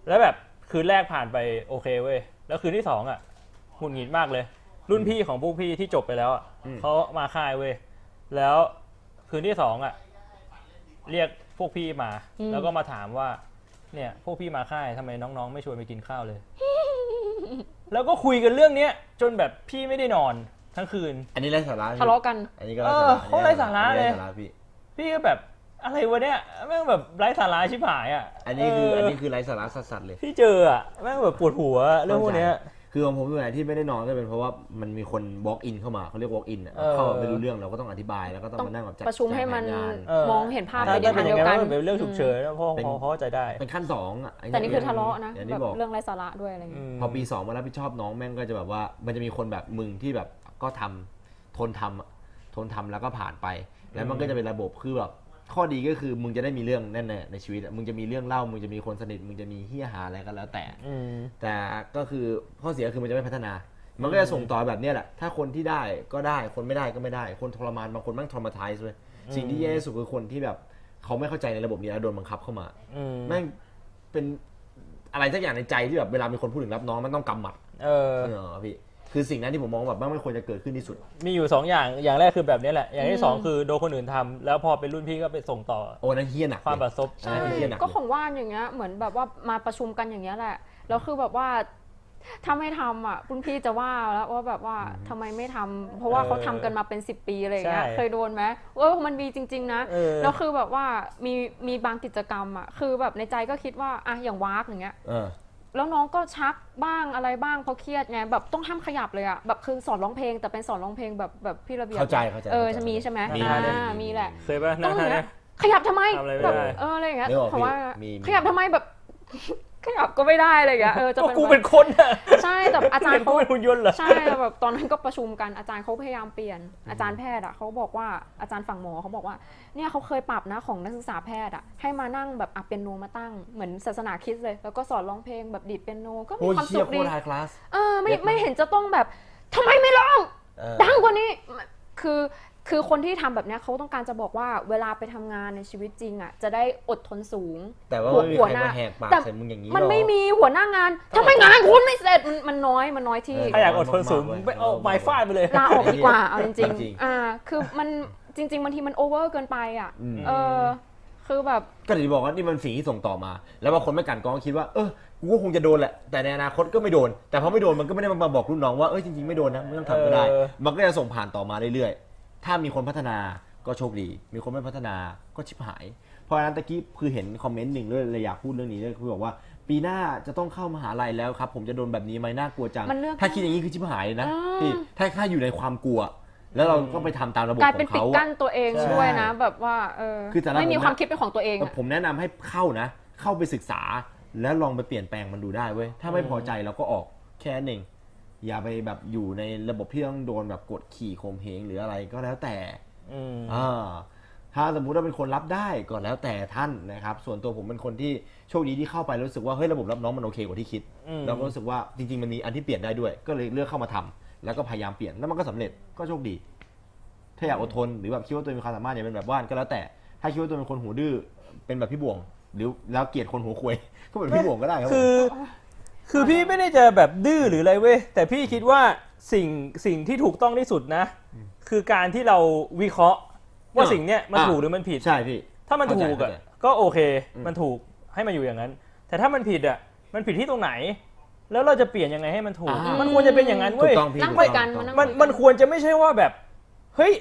[SPEAKER 2] แล้วแบบคืนแรกผ่านไปโอเคเว้ยแล้วคืนที่สองอ่ะหงุดหงิดมากเลย รุ่นพี่ของพวกพี่ที่จบไปแล้วอ่ะ
[SPEAKER 1] อืม
[SPEAKER 2] เขามาค่ายเว้ยแล้วคืนที่สองอ่ะเรียกพวกพี่มา
[SPEAKER 3] อืม
[SPEAKER 2] แล้วก็มาถามว่า เนี่ยพวกพี่มาค่ายทำไมน้องๆ ไม่ชวนไปกินข้าวเลย แล้วก็คุยกันเรื่องเนี้ยจนแบบพี่ไม่ได้นอนทั้งคืน
[SPEAKER 1] อันนี้ไร้สาระพี่
[SPEAKER 3] ทะเลาะกัน
[SPEAKER 1] อันนี้ก็ไร้สา
[SPEAKER 2] เออ
[SPEAKER 1] ระ
[SPEAKER 2] โคตรไร้สาระ
[SPEAKER 1] อันนี้
[SPEAKER 2] เลย
[SPEAKER 1] ไร้สาระพี่
[SPEAKER 2] พี่ก็แบบอะไรวะเนี่ยแม่งแบบไร้สาระชิบหายอ่ะ
[SPEAKER 1] อันนี้คือ
[SPEAKER 2] เ
[SPEAKER 1] อันนี้คือไร้สาระสัสๆเลย
[SPEAKER 2] พี่เจออ่ะแม่งแบบปวดหัวเรื่องพวกเนี้ย
[SPEAKER 1] คือของผมอยู่ไหนที่ไม่ได้นอนก็เป็นเพราะว่ามันมีคน walk in เข้ามาเขาเรียก walk in อะ
[SPEAKER 2] เออ
[SPEAKER 1] เข้ามาไม่รู้เรื่องเราก็ต้องอธิบายแล้วก็ต้องมานั่งแบบจัด
[SPEAKER 3] ประชุมให้มัน
[SPEAKER 1] แผงาน
[SPEAKER 2] เออ
[SPEAKER 3] มองเห็นภาพ
[SPEAKER 1] ถ้
[SPEAKER 3] ไปใน
[SPEAKER 2] ถ้า
[SPEAKER 3] ทา
[SPEAKER 2] เป็นอ
[SPEAKER 3] งเดี
[SPEAKER 2] ย่าง
[SPEAKER 3] ยว
[SPEAKER 2] นั้น
[SPEAKER 3] กัน
[SPEAKER 2] มันเป็นเรื่องฉุกเฉินนะพ่อ
[SPEAKER 1] เป็น
[SPEAKER 2] พอเข้าใจได้
[SPEAKER 1] เป็นขั้นสองอะไ
[SPEAKER 3] แต่นี่คือทะเลาะนะ
[SPEAKER 1] อย่าง
[SPEAKER 3] แบ
[SPEAKER 1] ที่
[SPEAKER 3] บ
[SPEAKER 1] บอก
[SPEAKER 3] เรื่องไร้สาระด้วยอะไรอย่างเงี้ย
[SPEAKER 1] พอปีสองมารับผิดชอบน้องแม่งก็จะแบบว่ามันจะมีคนแบบมึงที่แบบก็ทำทนทำอะทนทำแล้วก็ผ่านไป แล้วมันก็จะเป็นระบบคือแบบข้อดีก็คือมึงจะได้มีเรื่องแน่ๆในชีวิตอะมึงจะมีเรื่องเล่ามึงจะมีคนสนิทมึงจะมีเฮี้ยหาอะไรก็แล้วแต่
[SPEAKER 2] อืม
[SPEAKER 1] แต่ก็คือข้อเสียคือมันจะไม่พัฒนา มันก็จะส่งต่อแบบเนี้ยแหละ ถ้าคนที่ได้ก็ได้ คนไม่ได้ก็ไม่ได้ คนทรมานบางคนแมั่งทรมาทายเลยสิ่งที่แย่ที่สุดคือคนที่แบบเขาไม่เข้าใจในระบบนี้แล้วโดนบังคับเข้ามา
[SPEAKER 2] อืม
[SPEAKER 1] แม่งเป็นอะไรสักอย่างในใจที่แบบเวลามีคนพูดถึงรับน้องมันต้องกำหมัด
[SPEAKER 2] เออ
[SPEAKER 1] เออพี่ คือสิ่งนั้นที่ผมมองแบบแม่งไม่ควรจะเกิดขึ้นที่สุด
[SPEAKER 2] มีอยู่สองอย่างอย่างแรกคือแบบเนี้ยแหละ อย่างที่สอง
[SPEAKER 3] อืม
[SPEAKER 2] คือโดนคนอื่นทำแล้วพอเป็นรุ่นพี่ก็ไปส่งต่อ
[SPEAKER 1] โอ้นั่นเฮี้ยหนัก
[SPEAKER 2] ความ
[SPEAKER 1] เล
[SPEAKER 2] ป
[SPEAKER 1] ย
[SPEAKER 2] ระสบ
[SPEAKER 1] ใช่ มันเครียดหนัก
[SPEAKER 3] ก็ของว่านอย่างเงี้ยเหมือนแบบว่ามาประชุมกันอย่างเงี้ยแหละแล้วคือแบบว่าถ้าไม่ทำอ่ะคุณพี่จะว่าแล้วว่าแบบว่าทำไมไม่ทำเพราะว่า
[SPEAKER 2] เออ
[SPEAKER 3] เขาทำกันมาเป็น 10 ปีอะไรอย่างเงี้ย
[SPEAKER 2] ใช่
[SPEAKER 3] เคยโดนไหมเออมันมีจริง ๆ นะ
[SPEAKER 2] เออ
[SPEAKER 3] แล้วคือแบบว่ามีมีบางกิจกรรมอ่ะคือแบบในใจก็คิดว่าอ่ะอย่างวากอย่างเงี้ย
[SPEAKER 1] เออ
[SPEAKER 3] แล้วน้องก็ชักบ้างอะไรบ้างเพราะเครียดไงแบบต้องห้ามขยับเลยอะแบบคือสอนร้องเพลงแต่เป็นสอนร้องเพลงแบบแบบพี่ระเบียบ
[SPEAKER 1] เข้าใจเข้าใจ
[SPEAKER 3] เออ
[SPEAKER 1] เข้าใจ
[SPEAKER 3] จะมีใช่ไหม
[SPEAKER 1] มี
[SPEAKER 3] อ่า
[SPEAKER 1] เลย
[SPEAKER 3] มีแหละ
[SPEAKER 2] เคยปะห
[SPEAKER 3] ต้อ
[SPEAKER 2] น้างท่า
[SPEAKER 3] อย่าง
[SPEAKER 2] เนี้
[SPEAKER 3] เงี้
[SPEAKER 2] ย
[SPEAKER 3] ยขยับทำไม
[SPEAKER 2] ทำอะไรไม่
[SPEAKER 3] แบบ
[SPEAKER 2] ได้
[SPEAKER 3] เอออะไรอย่างเงี้ย
[SPEAKER 1] นึกออก
[SPEAKER 3] เพราะว่า
[SPEAKER 1] พี่มี
[SPEAKER 3] ขยับทำไมแบบ ขยับก็ไม่ได้อะไรอย่างเงี้ยเออจะ
[SPEAKER 2] ก็
[SPEAKER 3] เป็น
[SPEAKER 2] กู
[SPEAKER 3] แบ
[SPEAKER 2] เป็
[SPEAKER 3] บ
[SPEAKER 2] นคนอะ
[SPEAKER 3] ใช่แต่อาจารย์
[SPEAKER 2] กู
[SPEAKER 3] เขา
[SPEAKER 2] เป็นหุ่นยนต์เหรอ
[SPEAKER 3] ใช่แต่แบบตอนนั้นก็ประชุมกันอาจารย์เขาพยายามเปลี่ยนอาจารย์แพทย์อะเขาบอกว่าอาจารย์ฝั่งหมอเขาบอกว่าเนี่ยเขาเคยปรับนะของนักศึกษาแพทย์อะให้มานั่งแบบอับเปียโนมาตั้งเหมือนศาสนาคริสต์เลย แล้วก็สอนร้องเพลงแบบดีดเปียโนก็มี
[SPEAKER 1] โอ้ย
[SPEAKER 3] ความ
[SPEAKER 1] เฮี้
[SPEAKER 3] สุ
[SPEAKER 1] ย
[SPEAKER 3] ข
[SPEAKER 1] โค
[SPEAKER 3] ดี
[SPEAKER 1] ตรไฮคลาส
[SPEAKER 3] เออไม่
[SPEAKER 1] เย็ดมาก
[SPEAKER 3] ไม่เห็นจะต้องแบบทำไมไม่ร้อง
[SPEAKER 1] เออ
[SPEAKER 3] ดังกว่านี้คือคือคนที่ทำแบบเนี้ยเขาต้องการจะบอกว่าเวลาไปทำงานในชีวิตจริงอ่ะจะได้อดทนสูง
[SPEAKER 1] แต่ว่า
[SPEAKER 3] หัว
[SPEAKER 1] ไม่มีใคร
[SPEAKER 3] หน้า
[SPEAKER 1] มาแหกปากใส่มึงอย่างนี้
[SPEAKER 3] มั
[SPEAKER 1] ห
[SPEAKER 3] น
[SPEAKER 1] รอก
[SPEAKER 3] ไม่มีหัวหน้างานทำไมงานคุณไม่เสร็จมันมันน้อยมันน้อยที่
[SPEAKER 2] ถ้าอยากอดทนสูง
[SPEAKER 1] มากๆเว้ย
[SPEAKER 2] ไปเอาไม้ฟาดไปเลย
[SPEAKER 3] ลาออกดีกว่าเอาจริง
[SPEAKER 1] จริง
[SPEAKER 3] ๆอ่าคือมันจริง ๆบางทีมันโอเวอร์เกินไปอ่ะเออคือแบบ
[SPEAKER 1] ก็ถึงบอกว่านี่มันสิ่งที่ส่งต่อมา แล้วบางคนไม่กลันกรองคิดว่าเออกูก็คงจะโดนแหละ แต่ในอนาคตก็ไม่โดน แต่พอไม่โดนมันก็ไม่ได้มาบอกรุ่นน้องว่าเอ้ยจริงๆไม่โดนนะไม่ต้องทำก็ได้
[SPEAKER 2] เออ
[SPEAKER 1] มันก็จะส่งผ่านต่อมาเรื่อยๆ ถ้ามีคนพัฒนาก็โชคดี มีคนไม่พัฒนาก็ชิบหาย เพราะฉะนั้นตะกี้คือเห็นคอมเมนต์หนึ่งด้วยเลยอยากพูดเรื่องนี้ด้วยคือบอกว่า ป ปีหน้าจะต้องเข้ามหาลัยแล้วครับ ผมจะโดนแบบนี้ไหมน่ากลัวจัง
[SPEAKER 3] มันเลือก
[SPEAKER 1] ถ้าคิดอย่างนี้คือชิบหายเลยนะ
[SPEAKER 3] อ่า
[SPEAKER 1] พี่ถ้าข้าอยู่ในความกลัว แล้วเราก็ไปทำตามระบบ
[SPEAKER 3] กลาย
[SPEAKER 1] ข
[SPEAKER 3] เป็น
[SPEAKER 1] อง
[SPEAKER 3] ปิด
[SPEAKER 1] เขา
[SPEAKER 3] กั้
[SPEAKER 1] อะ
[SPEAKER 3] นตัวเอง
[SPEAKER 1] ใช่
[SPEAKER 3] ด้วยนะ แบบว่าเออ
[SPEAKER 1] คือแต่ละ
[SPEAKER 3] ไม่มี
[SPEAKER 1] ผมนะ
[SPEAKER 3] ความคิดเป็นของตัวเอง
[SPEAKER 1] แต่
[SPEAKER 3] อะ
[SPEAKER 1] ผมแนะนำให้เข้านะ เข้าไปศึกษาแล้วลองไปเปลี่ยนแปลงมันดูได้เว้ยถ้าไม่พอใจเราก็ออกแค่นั้นเองอย่าไปแบบอยู่ในระบบที่ต้องโดนแบบกดขี่ข่มเหงหรืออะไรก็แล้วแต่
[SPEAKER 2] อืม
[SPEAKER 1] อ่าถ้าสมมุติว่าเป็นคนรับได้ก็แล้วแต่ท่านนะครับ ส่วนตัวผมเป็นคนที่โชคดีที่เข้าไปแล้วรู้สึกว่าเฮ้ยระบบรับน้องมันโอเคกว่าที่คิด
[SPEAKER 2] อืม
[SPEAKER 1] เราก็รู้สึกว่าจริงๆมันมีอันที่เปลี่ยนได้ด้วย ก็เลยเลือกเข้ามาทำแล้วก็พยายามเปลี่ยนแล้วมันก็สำเร็จก็โชคดี ถ้าอยากอดทนหรือแบบคิดว่าตัวเองมีความสามารถอย่าเป็นแบบว่านก็แล้วแต่ ถ้าคิดว่าตัวเองเป็นคนหูดื้อเป็นแบบพี่บ่วง หรือแล้วเกลียดคนหัวควย ก็เป็นพี่บ่วงก็ได้ครับผม
[SPEAKER 2] คือ คือพี่ไม่ได้จะแบบดื้อหรืออะไรเว้ย แต่พี่คิดว่าสิ่งสิ่งที่ถูกต้องที่สุดนะ คือการที่เราวิเคราะห์ว่า
[SPEAKER 1] อ่า
[SPEAKER 2] สิ่งเนี้ยมันถูกหรือมันผิด
[SPEAKER 1] ใช่พี่
[SPEAKER 2] ถ้ามันถูก
[SPEAKER 1] เข้า
[SPEAKER 2] อ่ะ
[SPEAKER 1] ใจ
[SPEAKER 2] ก็โอเค
[SPEAKER 1] อืม
[SPEAKER 2] มันถูกให้มันอยู่อย่างนั้น แต่ถ้ามันผิดอ่ะ มันผิดที่ตรงไหน แล้วเราจะเปลี่ยนยังไงให้มันถูก
[SPEAKER 3] อ่ามั
[SPEAKER 2] มันควรจะเป็นอย่างนั้น
[SPEAKER 1] ถู
[SPEAKER 2] เว้
[SPEAKER 1] ก
[SPEAKER 2] ย
[SPEAKER 1] ต้องพี่
[SPEAKER 3] นั่ง
[SPEAKER 1] ถู
[SPEAKER 3] คุ
[SPEAKER 1] ต้
[SPEAKER 3] ย
[SPEAKER 1] อง
[SPEAKER 3] กัน
[SPEAKER 1] ถูต้อง
[SPEAKER 3] มานั่ง
[SPEAKER 2] มันมันควรจะไม่ใช่ว่าแบบเฮ้ย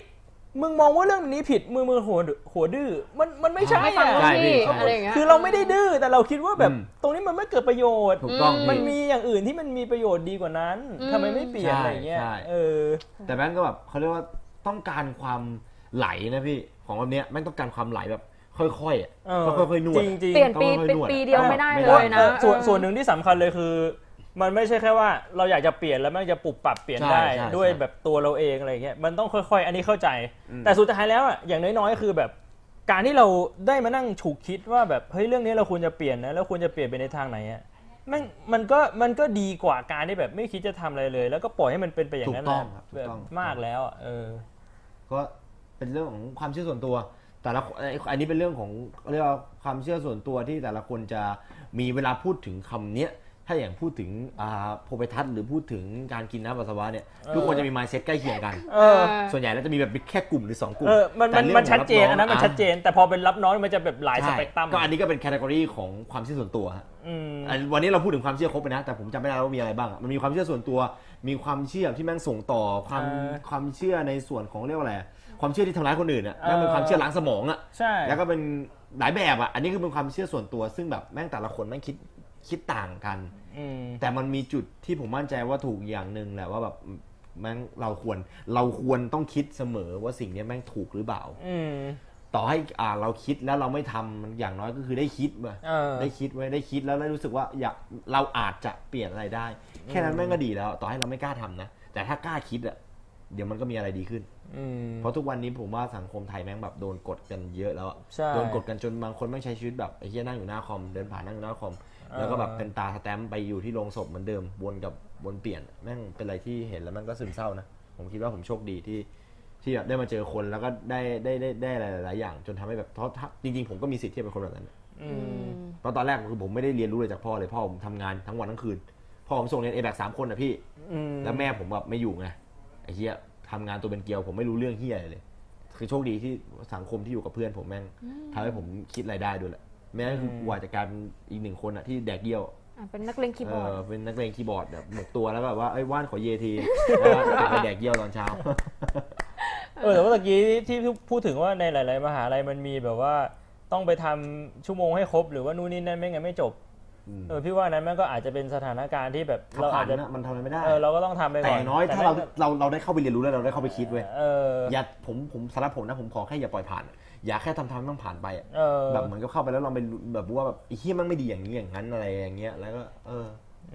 [SPEAKER 2] มึงมองว่าเรื่องนี้ผิดมือมือหัวดื้อหัวดื้อมันมันไม่ใช่
[SPEAKER 3] ไม่ฟัง
[SPEAKER 2] อะ
[SPEAKER 3] รุ่น
[SPEAKER 1] ใช่
[SPEAKER 3] พี่
[SPEAKER 1] ใช่
[SPEAKER 3] อะไรอย่างเงี้ย
[SPEAKER 2] คือเราไม่ได้ดื้อแต่เราคิดว่าแบบ
[SPEAKER 1] อืม
[SPEAKER 2] ตรงนี้มันไม่เกิดประโยชน์
[SPEAKER 1] ถูกต้อง
[SPEAKER 3] อื
[SPEAKER 1] พี่
[SPEAKER 2] มันมีอย่างอื่นที่มันมีประโยชน์ดีกว่านั้น
[SPEAKER 3] อืม
[SPEAKER 2] ทำไมไม่เปลี่ยน
[SPEAKER 1] ใช่
[SPEAKER 2] อะไรเงี้ย
[SPEAKER 1] ใช่
[SPEAKER 2] เออ
[SPEAKER 1] แต่แม่งก็แบบเขาเรียกว่าต้องการความไหลนะพี่ของแบบเนี้ยแม่งต้องการความไหลแบบค่อยๆอะ
[SPEAKER 2] เออ
[SPEAKER 1] ค่อยๆนวด
[SPEAKER 2] จริงๆ
[SPEAKER 3] เปลี่ยนปี
[SPEAKER 1] ต้องค่อยๆ
[SPEAKER 3] เป็น
[SPEAKER 1] นวด
[SPEAKER 3] ปีเดียว
[SPEAKER 1] อ่ะ
[SPEAKER 3] ไม่ได้
[SPEAKER 1] ไม่
[SPEAKER 3] เล
[SPEAKER 1] ได้
[SPEAKER 3] ยนะ
[SPEAKER 2] เออส่วน
[SPEAKER 3] เออ
[SPEAKER 2] ส่วนหนึ่งที่สำคัญเลยคือ มันไม่ใช่แค่ว่าเราอยากจะเปลี่ยนแล้วมันจะปรับปรับเปลี่ยน
[SPEAKER 1] ใช่
[SPEAKER 2] ได้
[SPEAKER 1] ใช่
[SPEAKER 2] ด้วย
[SPEAKER 1] ใช่
[SPEAKER 2] แบบตัวเราเองอะไรเงี้ยมันต้องค่อย ๆ อันนี้เข้าใจ
[SPEAKER 1] อืม
[SPEAKER 2] แต่สุดท้ายแล้วอ่ะอย่างน้อยๆ คือแบบ การที่เราได้มานั่งฉุกคิดว่าแบบเฮ้ยเรื่องนี้เราควรจะเปลี่ยนนะแล้วควรจะเปลี่ยนไปในทางไหนอ่ะแม่งมันก็มันก็ดีกว่าการที่แบบไม่คิดจะทำอะไรเลย แล้วก็ปล่อยให้มันเป็นไปอย่างนั้น
[SPEAKER 1] ถูกต้
[SPEAKER 2] นะ
[SPEAKER 1] องครับถูกต้อง
[SPEAKER 2] แบบมากแล้วอ่ะเออ
[SPEAKER 1] ก็เป็นเรื่องของความเชื่อส่วนตัว แต่ละคนไอ้อันนี้เป็นเรื่องของเรียกว่าความเชื่อส่วนตัวที่แต่ละคนจะมีเวลาพูดถึงคำเนี้ยถ้าอย่างพูดถึงอ่าโพไปทัศน์หรือพูดถึงการกินน้ำปัสสาวะเนี่ยทุกคนจะมี mindset ใกล้เคียงกัน
[SPEAKER 2] เออ
[SPEAKER 1] ส่วนใหญ่แล้วจะมีแบบแค่กลุ่มหรือสองกลุ่ม
[SPEAKER 2] เออมันมัน
[SPEAKER 1] แต่
[SPEAKER 2] มันชัดเจน
[SPEAKER 1] รื่งขง
[SPEAKER 2] อันนั้นมัน
[SPEAKER 1] รับ
[SPEAKER 2] ชัดเจน แต่พอเป็นรับน้อยมันจะแบบหลายส
[SPEAKER 1] ใช่
[SPEAKER 2] เปกตรัม
[SPEAKER 1] ก็อันนี้ก็เป็นแคตตากรีของความเชื่อส่วนตัวฮะ
[SPEAKER 2] อืม
[SPEAKER 1] อันวันนี้เราพูดถึงความเชื่อครบไปนะ แต่ผมจำไม่ได้ว่ามีอะไรบ้างอะมันมีความเชื่อส่วนตัว มีความเชื่อที่แม่งส่งต่อความ
[SPEAKER 2] เออ
[SPEAKER 1] ความเชื่อในส่วนของเรียกว่าอะไรอะความเชื่อที่ทำร้ายคนอื่นอ่ะ
[SPEAKER 2] เออ
[SPEAKER 1] แม่งเป็นความเชื่อล้างสมองอ่ะ
[SPEAKER 2] ใช่
[SPEAKER 1] แล้วก็เป็นหลายแบบอ่ะอันนี้คือเป็นความเชื่อส่วนตัว ซึ่งแบบแม่งแต่ละคนแม่งคิดคิดต่างกัน
[SPEAKER 2] อืม
[SPEAKER 1] แต่มันมีจุดที่ผมมั่นใจว่าถูกอย่างหนึ่งแหละว่าแบบแม่งเราควรเราควรต้องคิดเสมอว่าสิ่งเนี้ยแม่งถูกหรือเปล่า
[SPEAKER 2] อืม
[SPEAKER 1] ต่อให้อ่าเราคิดแล้วเราไม่ทำมันอย่างน้อยก็คือได้คิดมา
[SPEAKER 2] เออ
[SPEAKER 1] ได้คิดไว้ได้คิดแล้วได้รู้สึกว่าอยากเราอาจจะเปลี่ยนอะไรได้ แค่นั้นแม่งก็ดีแล้ว ต่อให้เราไม่กล้าทำนะ แต่ถ้ากล้าคิดอะเดี๋ยวมันก็มีอะไรดีขึ้น
[SPEAKER 2] อืม
[SPEAKER 1] เพราะทุกวันนี้ผมว่าสังคมไทยแม่งแบบโดนกดกันเยอะแล้วอะ
[SPEAKER 2] ใช่
[SPEAKER 1] โดนกดกันจนบางคนแม่งใช้ชีวิตแบบไอ้เหี้ยนั่งอยู่หน้าคอมเดินผ่านนั่งอยู่หน้าคอม
[SPEAKER 2] ออ
[SPEAKER 1] แล้วก็แบบเป็นตาสแตมป์ไปอยู่ที่โรงศพเหมือนเดิมวนกับวนเปลี่ยนแม่งเป็นอะไรที่เห็นแล้วแม่งก็ซึมเศร้านะผมคิดว่าผมโชคดีที่ที่แบบได้มาเจอคนแล้วก็ได้ได้ได้ได้อะไรหลายๆอย่าง จนทำให้แบบเพราะถ้าจริงๆผมก็มีสิทธิ์ที่จะเป็นคนแบบนั้น
[SPEAKER 2] อืม
[SPEAKER 1] เพราะตอนแรกคือผมไม่ได้เรียนรู้เลยจากพ่อเลยพ่อผมทำงานทั้งวันทั้งคืนพ่อผมส่งเรียนเอแบกสามคนนะพี่
[SPEAKER 2] อืม
[SPEAKER 1] แล้วแม่ผมแบบไม่อยู่ไงไอ้เหี้ยทำงานตัวเป็นเกลียวผมไม่รู้เรื่องเหี้ยอะไรเลย คือโชคดีที่สังคมที่อยู่กับเพื่อนผมแม่งทำให้ผมคิดรายได้ด้วยแหละแม่ก็คืออกว่าจะกลายเป็นอีกหนึ่งคนอะที่แดกเดี่ยว
[SPEAKER 3] อ่ะเป็นนักเลงคีย์
[SPEAKER 1] เอบ
[SPEAKER 3] อร์ด
[SPEAKER 1] อเป็นนักเลงคีย์บอร์ดแบบหมกตัวแล้วแบบว่าไอ้ยว่านขอเยทีแล้วก็กลับไปแดกเดี่ยวตอนเช้า
[SPEAKER 2] เออแต่ว่าตะกี้ที่พูดถึงว่าในหลาย ๆ มหาลัยมันมีแบบว่าต้องไปทำชั่วโมงให้ครบหรือว่านู่นนี่นั่นไม่งั้นไม่จบ
[SPEAKER 1] อืม
[SPEAKER 2] เออพี่ว่านั้นมันก็อาจจะเป็นสถานการณ์ที่แบบ
[SPEAKER 1] เรา
[SPEAKER 2] เรา
[SPEAKER 1] อา
[SPEAKER 2] อา
[SPEAKER 1] จ
[SPEAKER 2] จ
[SPEAKER 1] จะ
[SPEAKER 2] จะ
[SPEAKER 1] มันทำอะไรไม่ได้
[SPEAKER 2] เออเราก็ต้องทำไป
[SPEAKER 1] แต่
[SPEAKER 2] ก่อน
[SPEAKER 1] น้อยถ้าเราเราเราได้เข้าไปเรียนรู้แล้วเราได้เข้าไปคิดเว้ย
[SPEAKER 2] เออ
[SPEAKER 1] อย่าผมผมสำหรับผมนะผมขอแค่อย่าปล่อยผ่าน อย่าแค่ทำทำต้องผ่านไปอะ
[SPEAKER 2] เออ
[SPEAKER 1] แบบเหมือนก็เข้าไปแล้วลองไปแบบว่าแบบไอ้เฮียมันไม่ดีอย่างนี้อย่างนั้นอะไรอย่างเงี้ยแล้วก็เออ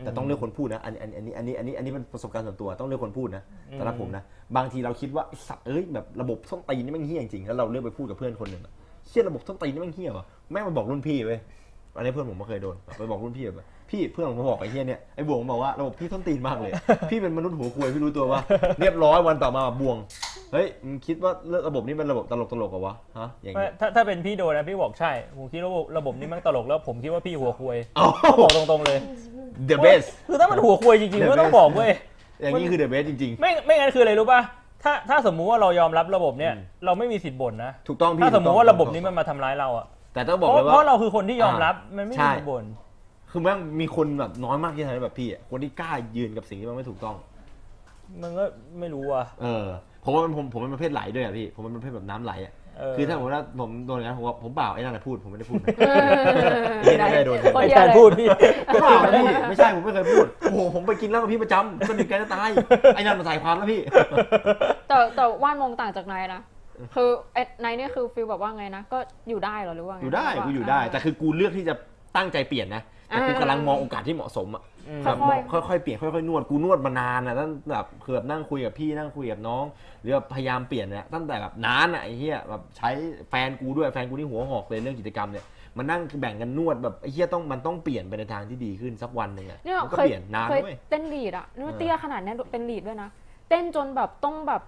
[SPEAKER 1] แต่ต้องเลือกคนพูดนะอันอันอันนี้อันนี้อันนี้อันนี้เป็นประสบการณ์ส่วนตัวต้องเลือกคนพูดนะสำหรับผมนะบางทีเราคิดว่าไอ้สัตว์เอ้ยแบบระบบส้นตีนนี่แม่งเฮี้ยจริงๆแล้วเราเลือกไปพูดกับเพื่อนคนหนึ่งอะเชี่ยระบบส้นตีนนี่แม่งเฮี้ยวะแม่งมาบอกรุ่นพี่เว้ยอันนี้เพื่อนผมก็เคยโดนแบบไปบอกรุ่นพี่แบบพี่เพื่อนผมมาบอกไอ้เฮี้ยเนี่ยไอ้บวงบอกว่าระบบพี่ส้นตีนมากเลย พี่เป็นมนุษย์หัวควยพี่รู้ตัวว่า เรียบร้อยวันต่อมาบวงเฮ้ยมึงคิดว่าระบบนี้มันระบบตลกตลกๆเหรอวะฮะอย่างเงี้ย
[SPEAKER 2] ถ้าถ้าเป็นพี่โดนนะพี่บอกใช่ผมคิดว่าระบบนี้แมันตลกแล้วผมคิดว่าพี่หัวควย
[SPEAKER 1] อ๋อ
[SPEAKER 2] บอกตรง ๆ เลย
[SPEAKER 1] the best
[SPEAKER 2] คือถ้ามันหัวควยจริง
[SPEAKER 1] The
[SPEAKER 2] ๆก็ต้อง
[SPEAKER 1] best
[SPEAKER 2] บอกเว้ย
[SPEAKER 1] อย่างนี้คือเดอะเบสจริง
[SPEAKER 2] ไม่ไม่งั้นคืออะไรรู้ป่ะ ถ้าถ้าสมมุติว่าเรายอมรับระบบเนี่ย
[SPEAKER 1] อืม
[SPEAKER 2] เราไม่มีสิทธิ์บ่นนะ
[SPEAKER 1] ๆ ถูกต้องพี่
[SPEAKER 2] ถ้าสมมุติว่า
[SPEAKER 1] ถูกต้
[SPEAKER 2] ระบบนี้มันมาทำร้ายเราอ่ะ
[SPEAKER 1] แต่ต้อง
[SPEAKER 2] เพ
[SPEAKER 1] บอก
[SPEAKER 2] ราะ
[SPEAKER 1] เลย
[SPEAKER 2] เพราะ
[SPEAKER 1] ว่า
[SPEAKER 2] เราคือคนที่ยอมรับมันไม่
[SPEAKER 1] ใช่
[SPEAKER 2] มีสิทธิ์บ่น
[SPEAKER 1] คือแม่งมีคนแบบน้อยมากที่ทำให้แบบพี่อะคนที่กล้ายืนกับสิ่งที่มันไม่ถูกต้อง
[SPEAKER 2] มันก็ไม่รู้อ่ะ
[SPEAKER 1] เออผมว่ามันผมผมเป็นประเภทไหลด้วยอะพี่ ผมเป็นประเภทแบบน้ำไหลอะ
[SPEAKER 2] เ เออ
[SPEAKER 1] คือถ้าผมว่าผมโดนอย่างนั้นผมว่าผมเปล่าไอ้นั่นแหละพูดผมไม่ได้พูดนะ
[SPEAKER 3] เออ
[SPEAKER 1] ไม่ได้โดน
[SPEAKER 3] ค
[SPEAKER 2] ไม่
[SPEAKER 3] เยว
[SPEAKER 2] แทน
[SPEAKER 3] เลย
[SPEAKER 2] พูดพี่
[SPEAKER 1] เปล่านะพี่ไม่ใช่ผมไม่เคยพูดโอ้โหผมไปกินเหล้ากับพี่ประจำสนิทกันจะตายไอ้นั่นมาใส่ความแล้วพี่
[SPEAKER 3] แต่แต่ว่านมงต่างจากนายนะคือไอ้นายเนี่ยคือฟิลแบบว่าไงนะ ก็อยู่ได้เหรอหรือว่าไง
[SPEAKER 1] อ
[SPEAKER 3] อยู่
[SPEAKER 1] ได้กูอยู่ได้ แต่คือกูเลือกที่จะตั้งใจเปลี่ยนนะแต่กูกำลังมองโอกาสที่เหมาะสมอะ แบบ
[SPEAKER 3] ค่อยๆ
[SPEAKER 1] ค่อยๆเปลี่ยนค่อยๆนวดกูนวดมานานนะตั้งแบบเกือบนั่งคุยกับพี่นั่งคุยกับน้องหรือแบบพยายามเปลี่ยนนะตั้งแต่แบบนานอะไอ้เหี้ยแบบใช้แฟนกูด้วยแฟนกูนี่หัวหอกเลยเรื่องกิจกรรมเนี่ยมันนั่งแบ่งกันนวดแบบไอ้เหี้ยต้องมันต้องเปลี่ยนไปในทางที่ดีขึ้นสักวันหนึ่งอะ
[SPEAKER 3] เนี่ย
[SPEAKER 1] มันก็
[SPEAKER 3] เคย
[SPEAKER 1] เปลี่ยนนาน
[SPEAKER 3] เคย
[SPEAKER 1] ด้วย
[SPEAKER 3] เต้นลีดอะนี่
[SPEAKER 1] เออ
[SPEAKER 3] เตี้ยขนาดเนี้ยเป็นลีดด้วยนะ เต้นจนแบบต้องแบบ